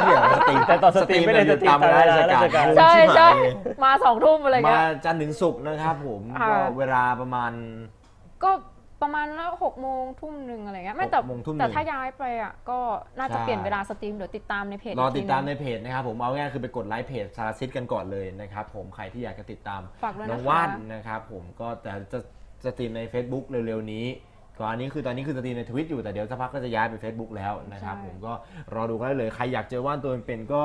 [SPEAKER 1] ที่เหลือสตรีม
[SPEAKER 2] แต่ตอนสตรีมไม่ได้
[SPEAKER 1] สอยู่ตามเวลาราชการ
[SPEAKER 2] สตรีมตามเวลาราชการ
[SPEAKER 3] ใช่
[SPEAKER 1] ชิบหาย
[SPEAKER 3] ใช่
[SPEAKER 1] เลย
[SPEAKER 3] มาสองทุ่มอะไร
[SPEAKER 1] มา
[SPEAKER 3] เงี้ย
[SPEAKER 1] จันทร์ถึงศุกร์นะครับผม
[SPEAKER 3] อ่า
[SPEAKER 1] ก็เวลาประมาณ
[SPEAKER 3] ก็ประมาณแล้วหกโมงทุ่มหนึ่งอะไรเงี้ยไม่แต่
[SPEAKER 1] หกโมงทุ่มหนึ่ง
[SPEAKER 3] แต่ถ้าย้ายไปอ่ะก็น่าจะ
[SPEAKER 1] ใช่
[SPEAKER 3] เปลี่ยนเวลาสตรีมเดี๋ยวติดตามในเพจ
[SPEAKER 1] รอติดตามใน
[SPEAKER 3] อีกทีห
[SPEAKER 1] เพจนะครับผมเอาง่ายๆคือไปกดไลค์เพจสารซิดกันก่อนเลยนะครับผมใครที่อยากจะติดตาม
[SPEAKER 3] ฝากด้วยนะคะ
[SPEAKER 1] น้องว่านนะครับผมก็แต่จะจะสตรีมใน Facebook เร็วๆนี้ก่อนอันนี้คือตอนนี้คือสตรีมในทวิตอยู่แต่เดี๋ยวสักพักก็จะย้ายไป Facebook แล้วนะครับผมก็รอดูกันได้เลยใครอยากเจอว่านตัวเป็นๆก็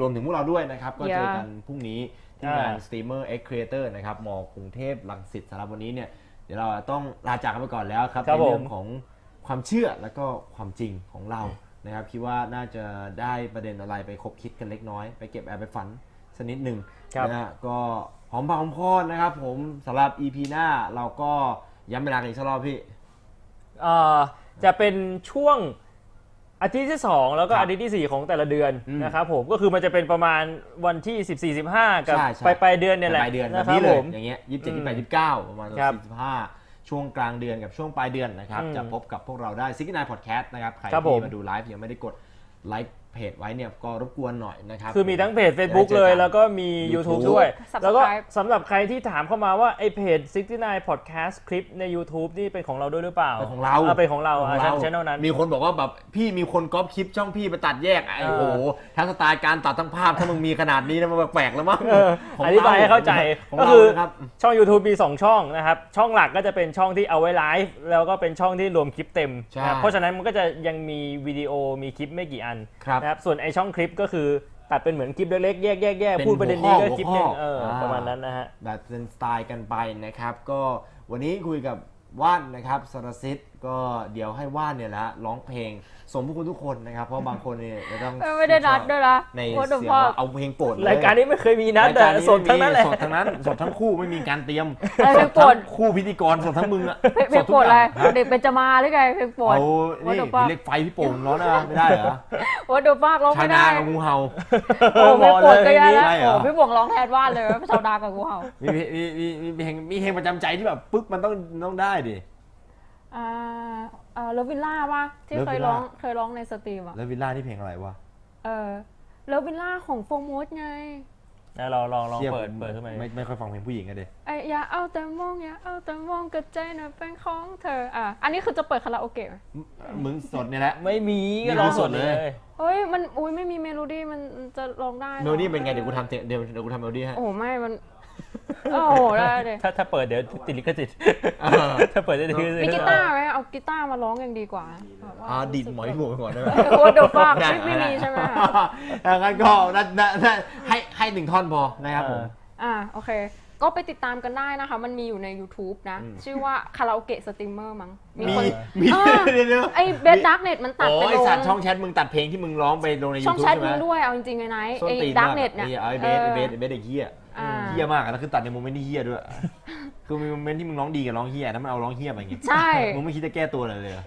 [SPEAKER 1] รวมถึงพวกเราด้วยนะครับก็เจอกันพรุ่งนี้ที่งาน
[SPEAKER 2] อ่า
[SPEAKER 1] สตรีมเมอร์เอ็กซ์ครีเอเตอร์นะครับมกรุงเทพลังสิตสำหรับวันนี้เนี่ย เดี๋ยวเราต้องลาจากกันไปก่อนแล้วครับ
[SPEAKER 2] ครั
[SPEAKER 1] ใน
[SPEAKER 2] บ
[SPEAKER 1] เรื่อง
[SPEAKER 2] ผม
[SPEAKER 1] ของความเชื่อแล้วก็ความจริงของเรานะครับ คิดว่าน่าจะได้ประเด็นอะไรไปคบคิดกันเล็กน้อย ไปเก็บแอบไปฝันสักนิดหนึ่งนะฮะก็หอมปากหอมคอนะครับผมสำหรับ EP หน้าเราก็ย้ำเวลากันอีกสักรอบพี่
[SPEAKER 2] เอ่อจะเป็นช่วงอาทิตย์ที่ 2 แล้วก็
[SPEAKER 1] ครับ
[SPEAKER 2] อาทิตย์ที่ 4 ของแต่ละเดือน
[SPEAKER 1] อืม
[SPEAKER 2] นะครับผมก็คือมันจะเป็นประมาณวันที่ 14 15 กับ
[SPEAKER 1] ใช่ใช่
[SPEAKER 2] ปลายปลายเดือนเนี่ยแหละ
[SPEAKER 1] ปลายเดือนแบ
[SPEAKER 2] นะ
[SPEAKER 1] บ
[SPEAKER 2] ครับ
[SPEAKER 1] นี้เล
[SPEAKER 2] ผ
[SPEAKER 1] ย
[SPEAKER 2] ม
[SPEAKER 1] อย่างเงี้ยยี่สิบเจ็ด
[SPEAKER 2] อื
[SPEAKER 1] ยี่
[SPEAKER 2] ม
[SPEAKER 1] แปดยี่สิบเก้าประมาณ
[SPEAKER 2] ครับ
[SPEAKER 1] สี่สิบห้าช่วงกลางเดือนกับช่วงปลายเดือนนะครับ
[SPEAKER 2] อืม
[SPEAKER 1] จะพบกับพวกเราได้ซิกนายพอดแคสต์นะครับ ใคร
[SPEAKER 2] ครับผม
[SPEAKER 1] ที่มาดูไลฟ์ยังไม่ได้กดไลค์เพจไว้เนี่ยก็รบกวนหน่อยนะครับ
[SPEAKER 2] คือมีทั้งเพจ Facebook
[SPEAKER 1] เดี๋ยวเจอย
[SPEAKER 2] เล
[SPEAKER 1] กัน
[SPEAKER 2] แล้วก็มี YouTube
[SPEAKER 1] YouTube
[SPEAKER 2] ด้วย
[SPEAKER 3] Subscribe
[SPEAKER 2] แล้วก็สำหรับใครที่ถามเข้ามาว่าไอเพจ 69 Podcast คลิปใน YouTube นี่เป็นของเราด้วยหรือเปล่า
[SPEAKER 1] เป็นของเรา
[SPEAKER 2] เป็นของเราอ่ะช่องนั้น
[SPEAKER 1] มีคนบอกว่าแบบพี่มีคนก๊อปคลิปช่องพี่ไปตัดแยกไอ้
[SPEAKER 2] เออ
[SPEAKER 1] โหทั้งสไตล์การตัดทั้งภาพถ้ามึงมีขนาดนี้นะมันแปลกๆแล้วมั้ง
[SPEAKER 2] เออ
[SPEAKER 1] ขง
[SPEAKER 2] อ
[SPEAKER 1] เร
[SPEAKER 2] ธิบายให้เข้าใจ
[SPEAKER 1] ของ
[SPEAKER 2] ก็
[SPEAKER 1] เรา
[SPEAKER 2] คือ
[SPEAKER 1] นะครับ
[SPEAKER 2] ช่อง YouTube มี 2 ช่องนะครับ ช่องหลักก็จะเป็นช่องที่เอาไว้ไลฟ์แล้วก็เป็นช่องที่รวมคลิปเต็ม
[SPEAKER 1] ใช่
[SPEAKER 2] นะครับเพราะฉะนั้นมันก็จะยังมีวิดีโอมีคลิปไม่กี่อัน
[SPEAKER 1] ครับ
[SPEAKER 2] นะครับส่วนไอช่องคลิปก็คือตัดเป็นเหมือนคลิปเล็กๆแยกแยกแยก
[SPEAKER 1] เป็น
[SPEAKER 2] พูดประเด็นนี้ก็
[SPEAKER 1] หัวข้อ
[SPEAKER 2] คลิปหนึง
[SPEAKER 1] หัวข้อ
[SPEAKER 2] เอออา ประมาณนั้นนะฮะ
[SPEAKER 1] แบบเป็นสไตล์กันไปนะครับ ก็วันนี้คุยกับว่านนะครับสรสิทธิ์ ก็เดี๋ยวให้ว่านเนี่ยแหละฮะร้องเพลงสมพวกคุณทุกคนนะครับ เพราะบางคนเนี่ยจะต้อง
[SPEAKER 3] ไม่ได้นัดด้วยนะ
[SPEAKER 1] ใน
[SPEAKER 3] โคตรหลวง
[SPEAKER 1] เสียง
[SPEAKER 3] พ่อ
[SPEAKER 1] ว่าเอาเพลงโปรดเลย
[SPEAKER 2] รายการนี้ไม่เคยมีนัด
[SPEAKER 1] ราย
[SPEAKER 2] แต่
[SPEAKER 1] การ
[SPEAKER 2] สดทั้งนั้นแหละ
[SPEAKER 1] สดทั้งนั้นสดทั้งคู่ไม่มีการเตรียม
[SPEAKER 3] เออเพลงโปร
[SPEAKER 1] ส
[SPEAKER 3] ด
[SPEAKER 1] ทั้งคู่พิธีกรสดทั้งมึงอะ
[SPEAKER 3] เพลงเพลง
[SPEAKER 1] ทุ
[SPEAKER 3] โปรดอะไร
[SPEAKER 1] ย่าง
[SPEAKER 3] เด็กเป็นจะมาหรือไงเพลงโปรด
[SPEAKER 1] เอา
[SPEAKER 3] ว่า
[SPEAKER 1] นี่
[SPEAKER 3] แต่ว่า
[SPEAKER 1] เหล็กไฟพี่โป่งร้อนนะไม่ได้เหรอ
[SPEAKER 3] โอ้ดูฟากร้อง
[SPEAKER 1] ชา
[SPEAKER 3] ไม่
[SPEAKER 1] นา
[SPEAKER 3] ได้
[SPEAKER 1] กับงูเห่า
[SPEAKER 3] โอ้เพลงโปรดก็แย่แล้ว
[SPEAKER 1] ได้เหรอ
[SPEAKER 3] โอ้พี่บวงร้องแทนว่าเลยว่าชาวดากับกูเห่า
[SPEAKER 1] มีเพลงมีมีมีเพลงมีเพลงประจำใจที่แบบปึ๊กมันต้องต้องได้ดิ
[SPEAKER 3] อ่าเออลวิลล่าว่าที่เคย
[SPEAKER 1] Love Villa
[SPEAKER 3] ร้องเคยร้องในสตรีมอ่ะ
[SPEAKER 1] แล้ววิลล่านี่เพลงอะไรวะ
[SPEAKER 3] เออลวิลล่าของโฟม s ไง
[SPEAKER 2] นะลองลองลอง
[SPEAKER 1] เทียบ
[SPEAKER 2] เปิดเปิดขึ้นมา
[SPEAKER 1] ไม่ไม่ค่อยฟังเพลงผู้หญิงกันเดย
[SPEAKER 3] ไอ้อย่าเอาแต่มองอย่าเอาแต่มองกระใจนะเป็นของเธออ่ะอันนี้คือจะเปิดคาราโอเกะไหม
[SPEAKER 1] มึงสดเนี่ยแหละ
[SPEAKER 2] ไม่มี
[SPEAKER 1] นี่
[SPEAKER 2] ก็ลอง
[SPEAKER 1] คือ
[SPEAKER 2] ส
[SPEAKER 1] สด
[SPEAKER 2] ดเล
[SPEAKER 1] เลย
[SPEAKER 2] ย
[SPEAKER 3] เฮ้ยมันอุ้ยไม่มีเมโลดี้มันมันจะร้องได้หรอ
[SPEAKER 1] เมโลดี้เป็นไงเดี๋ยวกูทำเสียงเดี๋ยวเดี๋ยวกูทำเมโลดี้ให้
[SPEAKER 3] โอ้ไม่มันโอ้โหได้เลย
[SPEAKER 2] ถ้าถ้าเปิดเดี๋ยวติดลิขสิทธิ์
[SPEAKER 1] อ่า
[SPEAKER 2] ถ้าเปิดได้ลิขสิทธิ์
[SPEAKER 3] มีกีตาร์ไหมเอากีตาร์มาร้องยังดีกว่า
[SPEAKER 1] อ่าดีดหมอยหมวกไปก่อนได้ไหม
[SPEAKER 3] โอ้เดี๋ยวฟาก
[SPEAKER 1] ด้
[SPEAKER 3] ไม่ไม่มีใช่ไหม
[SPEAKER 1] ด้อ่ะงั้นก็น่าน่าน่าให้ให้หนึ่งท่อนพอนะครับผม
[SPEAKER 3] อ่าโอเค ก็ไปติดตามกันได้นะคะ มันมีอยู่ใน YouTube นะ ชื่อว่าคาราโอเกะสตรีมเมอร์มั้ง
[SPEAKER 1] มี
[SPEAKER 3] คน
[SPEAKER 1] มี
[SPEAKER 3] อ่า
[SPEAKER 1] เดี๋ยวเดี๋ยว
[SPEAKER 3] ไอเบสดักเน็ตมันตัด
[SPEAKER 1] โอ้
[SPEAKER 3] ไป
[SPEAKER 1] ย
[SPEAKER 3] ลง
[SPEAKER 1] สัตว์ช่องแชทมึงตัดเพลงที่มึงร้องไปลงในยู
[SPEAKER 3] ช่อง
[SPEAKER 1] ทูบ
[SPEAKER 3] แชท
[SPEAKER 1] ใช่ไหม
[SPEAKER 3] มึงด้วยเอาจริงๆไงไนท์
[SPEAKER 1] ส้น
[SPEAKER 3] ไอ
[SPEAKER 1] ตีน
[SPEAKER 3] ดัก
[SPEAKER 1] มาก
[SPEAKER 3] เน็ตเนี่ย
[SPEAKER 1] ไอ้เบสไอ้เบสไอ้เบสไอ้เฮีย
[SPEAKER 3] อ่า
[SPEAKER 1] เฮียมากอะแล้วคือตัดในโมเมนต์ที่เฮียด้วย คือมีโมเมนต์ที่มึงร้องดีกับร้องเฮียนั้นมันเอาร้องเฮียไปไง
[SPEAKER 3] ใช่
[SPEAKER 1] มึงไม่คิดจะแก้ตัวเลยเลยเหรอ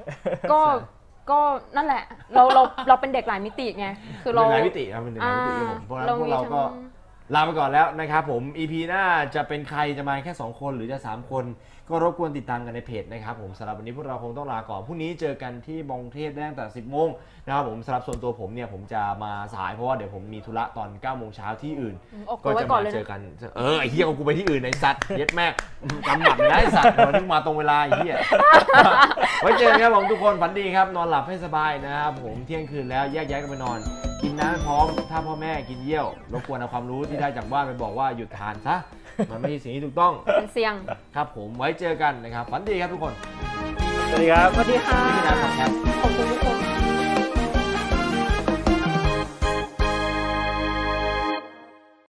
[SPEAKER 3] ก็ก็นั่นแหละ เราเราเราเป็นเด็กหลายมิติไงคือเรา
[SPEAKER 1] หลายมิติครับเป็นหลายมิติครับผมเพราะฉะนั้นพวกเราก็
[SPEAKER 3] เรา
[SPEAKER 1] ลาไป
[SPEAKER 3] มีทั้
[SPEAKER 1] ก่อนแล้วนะครับผม EP หน้าจะเป็นใครจะมาแค่ 2 คนหรือจะ 3 คน ก็รบกวนติดตามกันในเพจนะครับผมสำหรับวันนี้พวกเราคงต้องลาก่อนพรุ่งนี้เจอกันที่มองเทพได้ตั้งแต่ 10โมงนะครับผมสำหรับส่วนตัวผมเนี่ยผมจะมาสายเพราะว่าเดี๋ยวผมมีธุระตอน9โมงเช้าที่อื่น
[SPEAKER 3] ออกตั
[SPEAKER 1] ก็
[SPEAKER 3] วไว้
[SPEAKER 1] จะ
[SPEAKER 3] ก่อ
[SPEAKER 1] มาน
[SPEAKER 3] เลย
[SPEAKER 1] เจ
[SPEAKER 3] นะ
[SPEAKER 1] อกัน เออไอ้เหี้ยของกูไปที่อื่นไอ้สัตว์เย็ดแม่กำหมัดได้สัตว์วันนี้มาตรงเวลาไอ้เหี้ยไว้เจอกันครับผมทุกคนฝันดีครับ นอนหลับให้สบายนะครับผมเที่ยงคืนแล้วแยกย้ายกันไปนอน กินน้ำให้พร้อม ถ้าพ่อแม่กินเยี่ยวรบกวนเอาความรู้ที่ได้จากบ้านไปบอกว่าหยุดทานซะมันไม่ใช่สิ่งที่ถูกต้อง
[SPEAKER 3] เป็นเสียง
[SPEAKER 1] ครับ ผมไว้เจอกันนะครับฝันดีครับทุกคน
[SPEAKER 2] สวัสดีครับ
[SPEAKER 3] สวัสดีค่ะ
[SPEAKER 1] ที่นะครับ
[SPEAKER 3] ขอบคุณทุกคน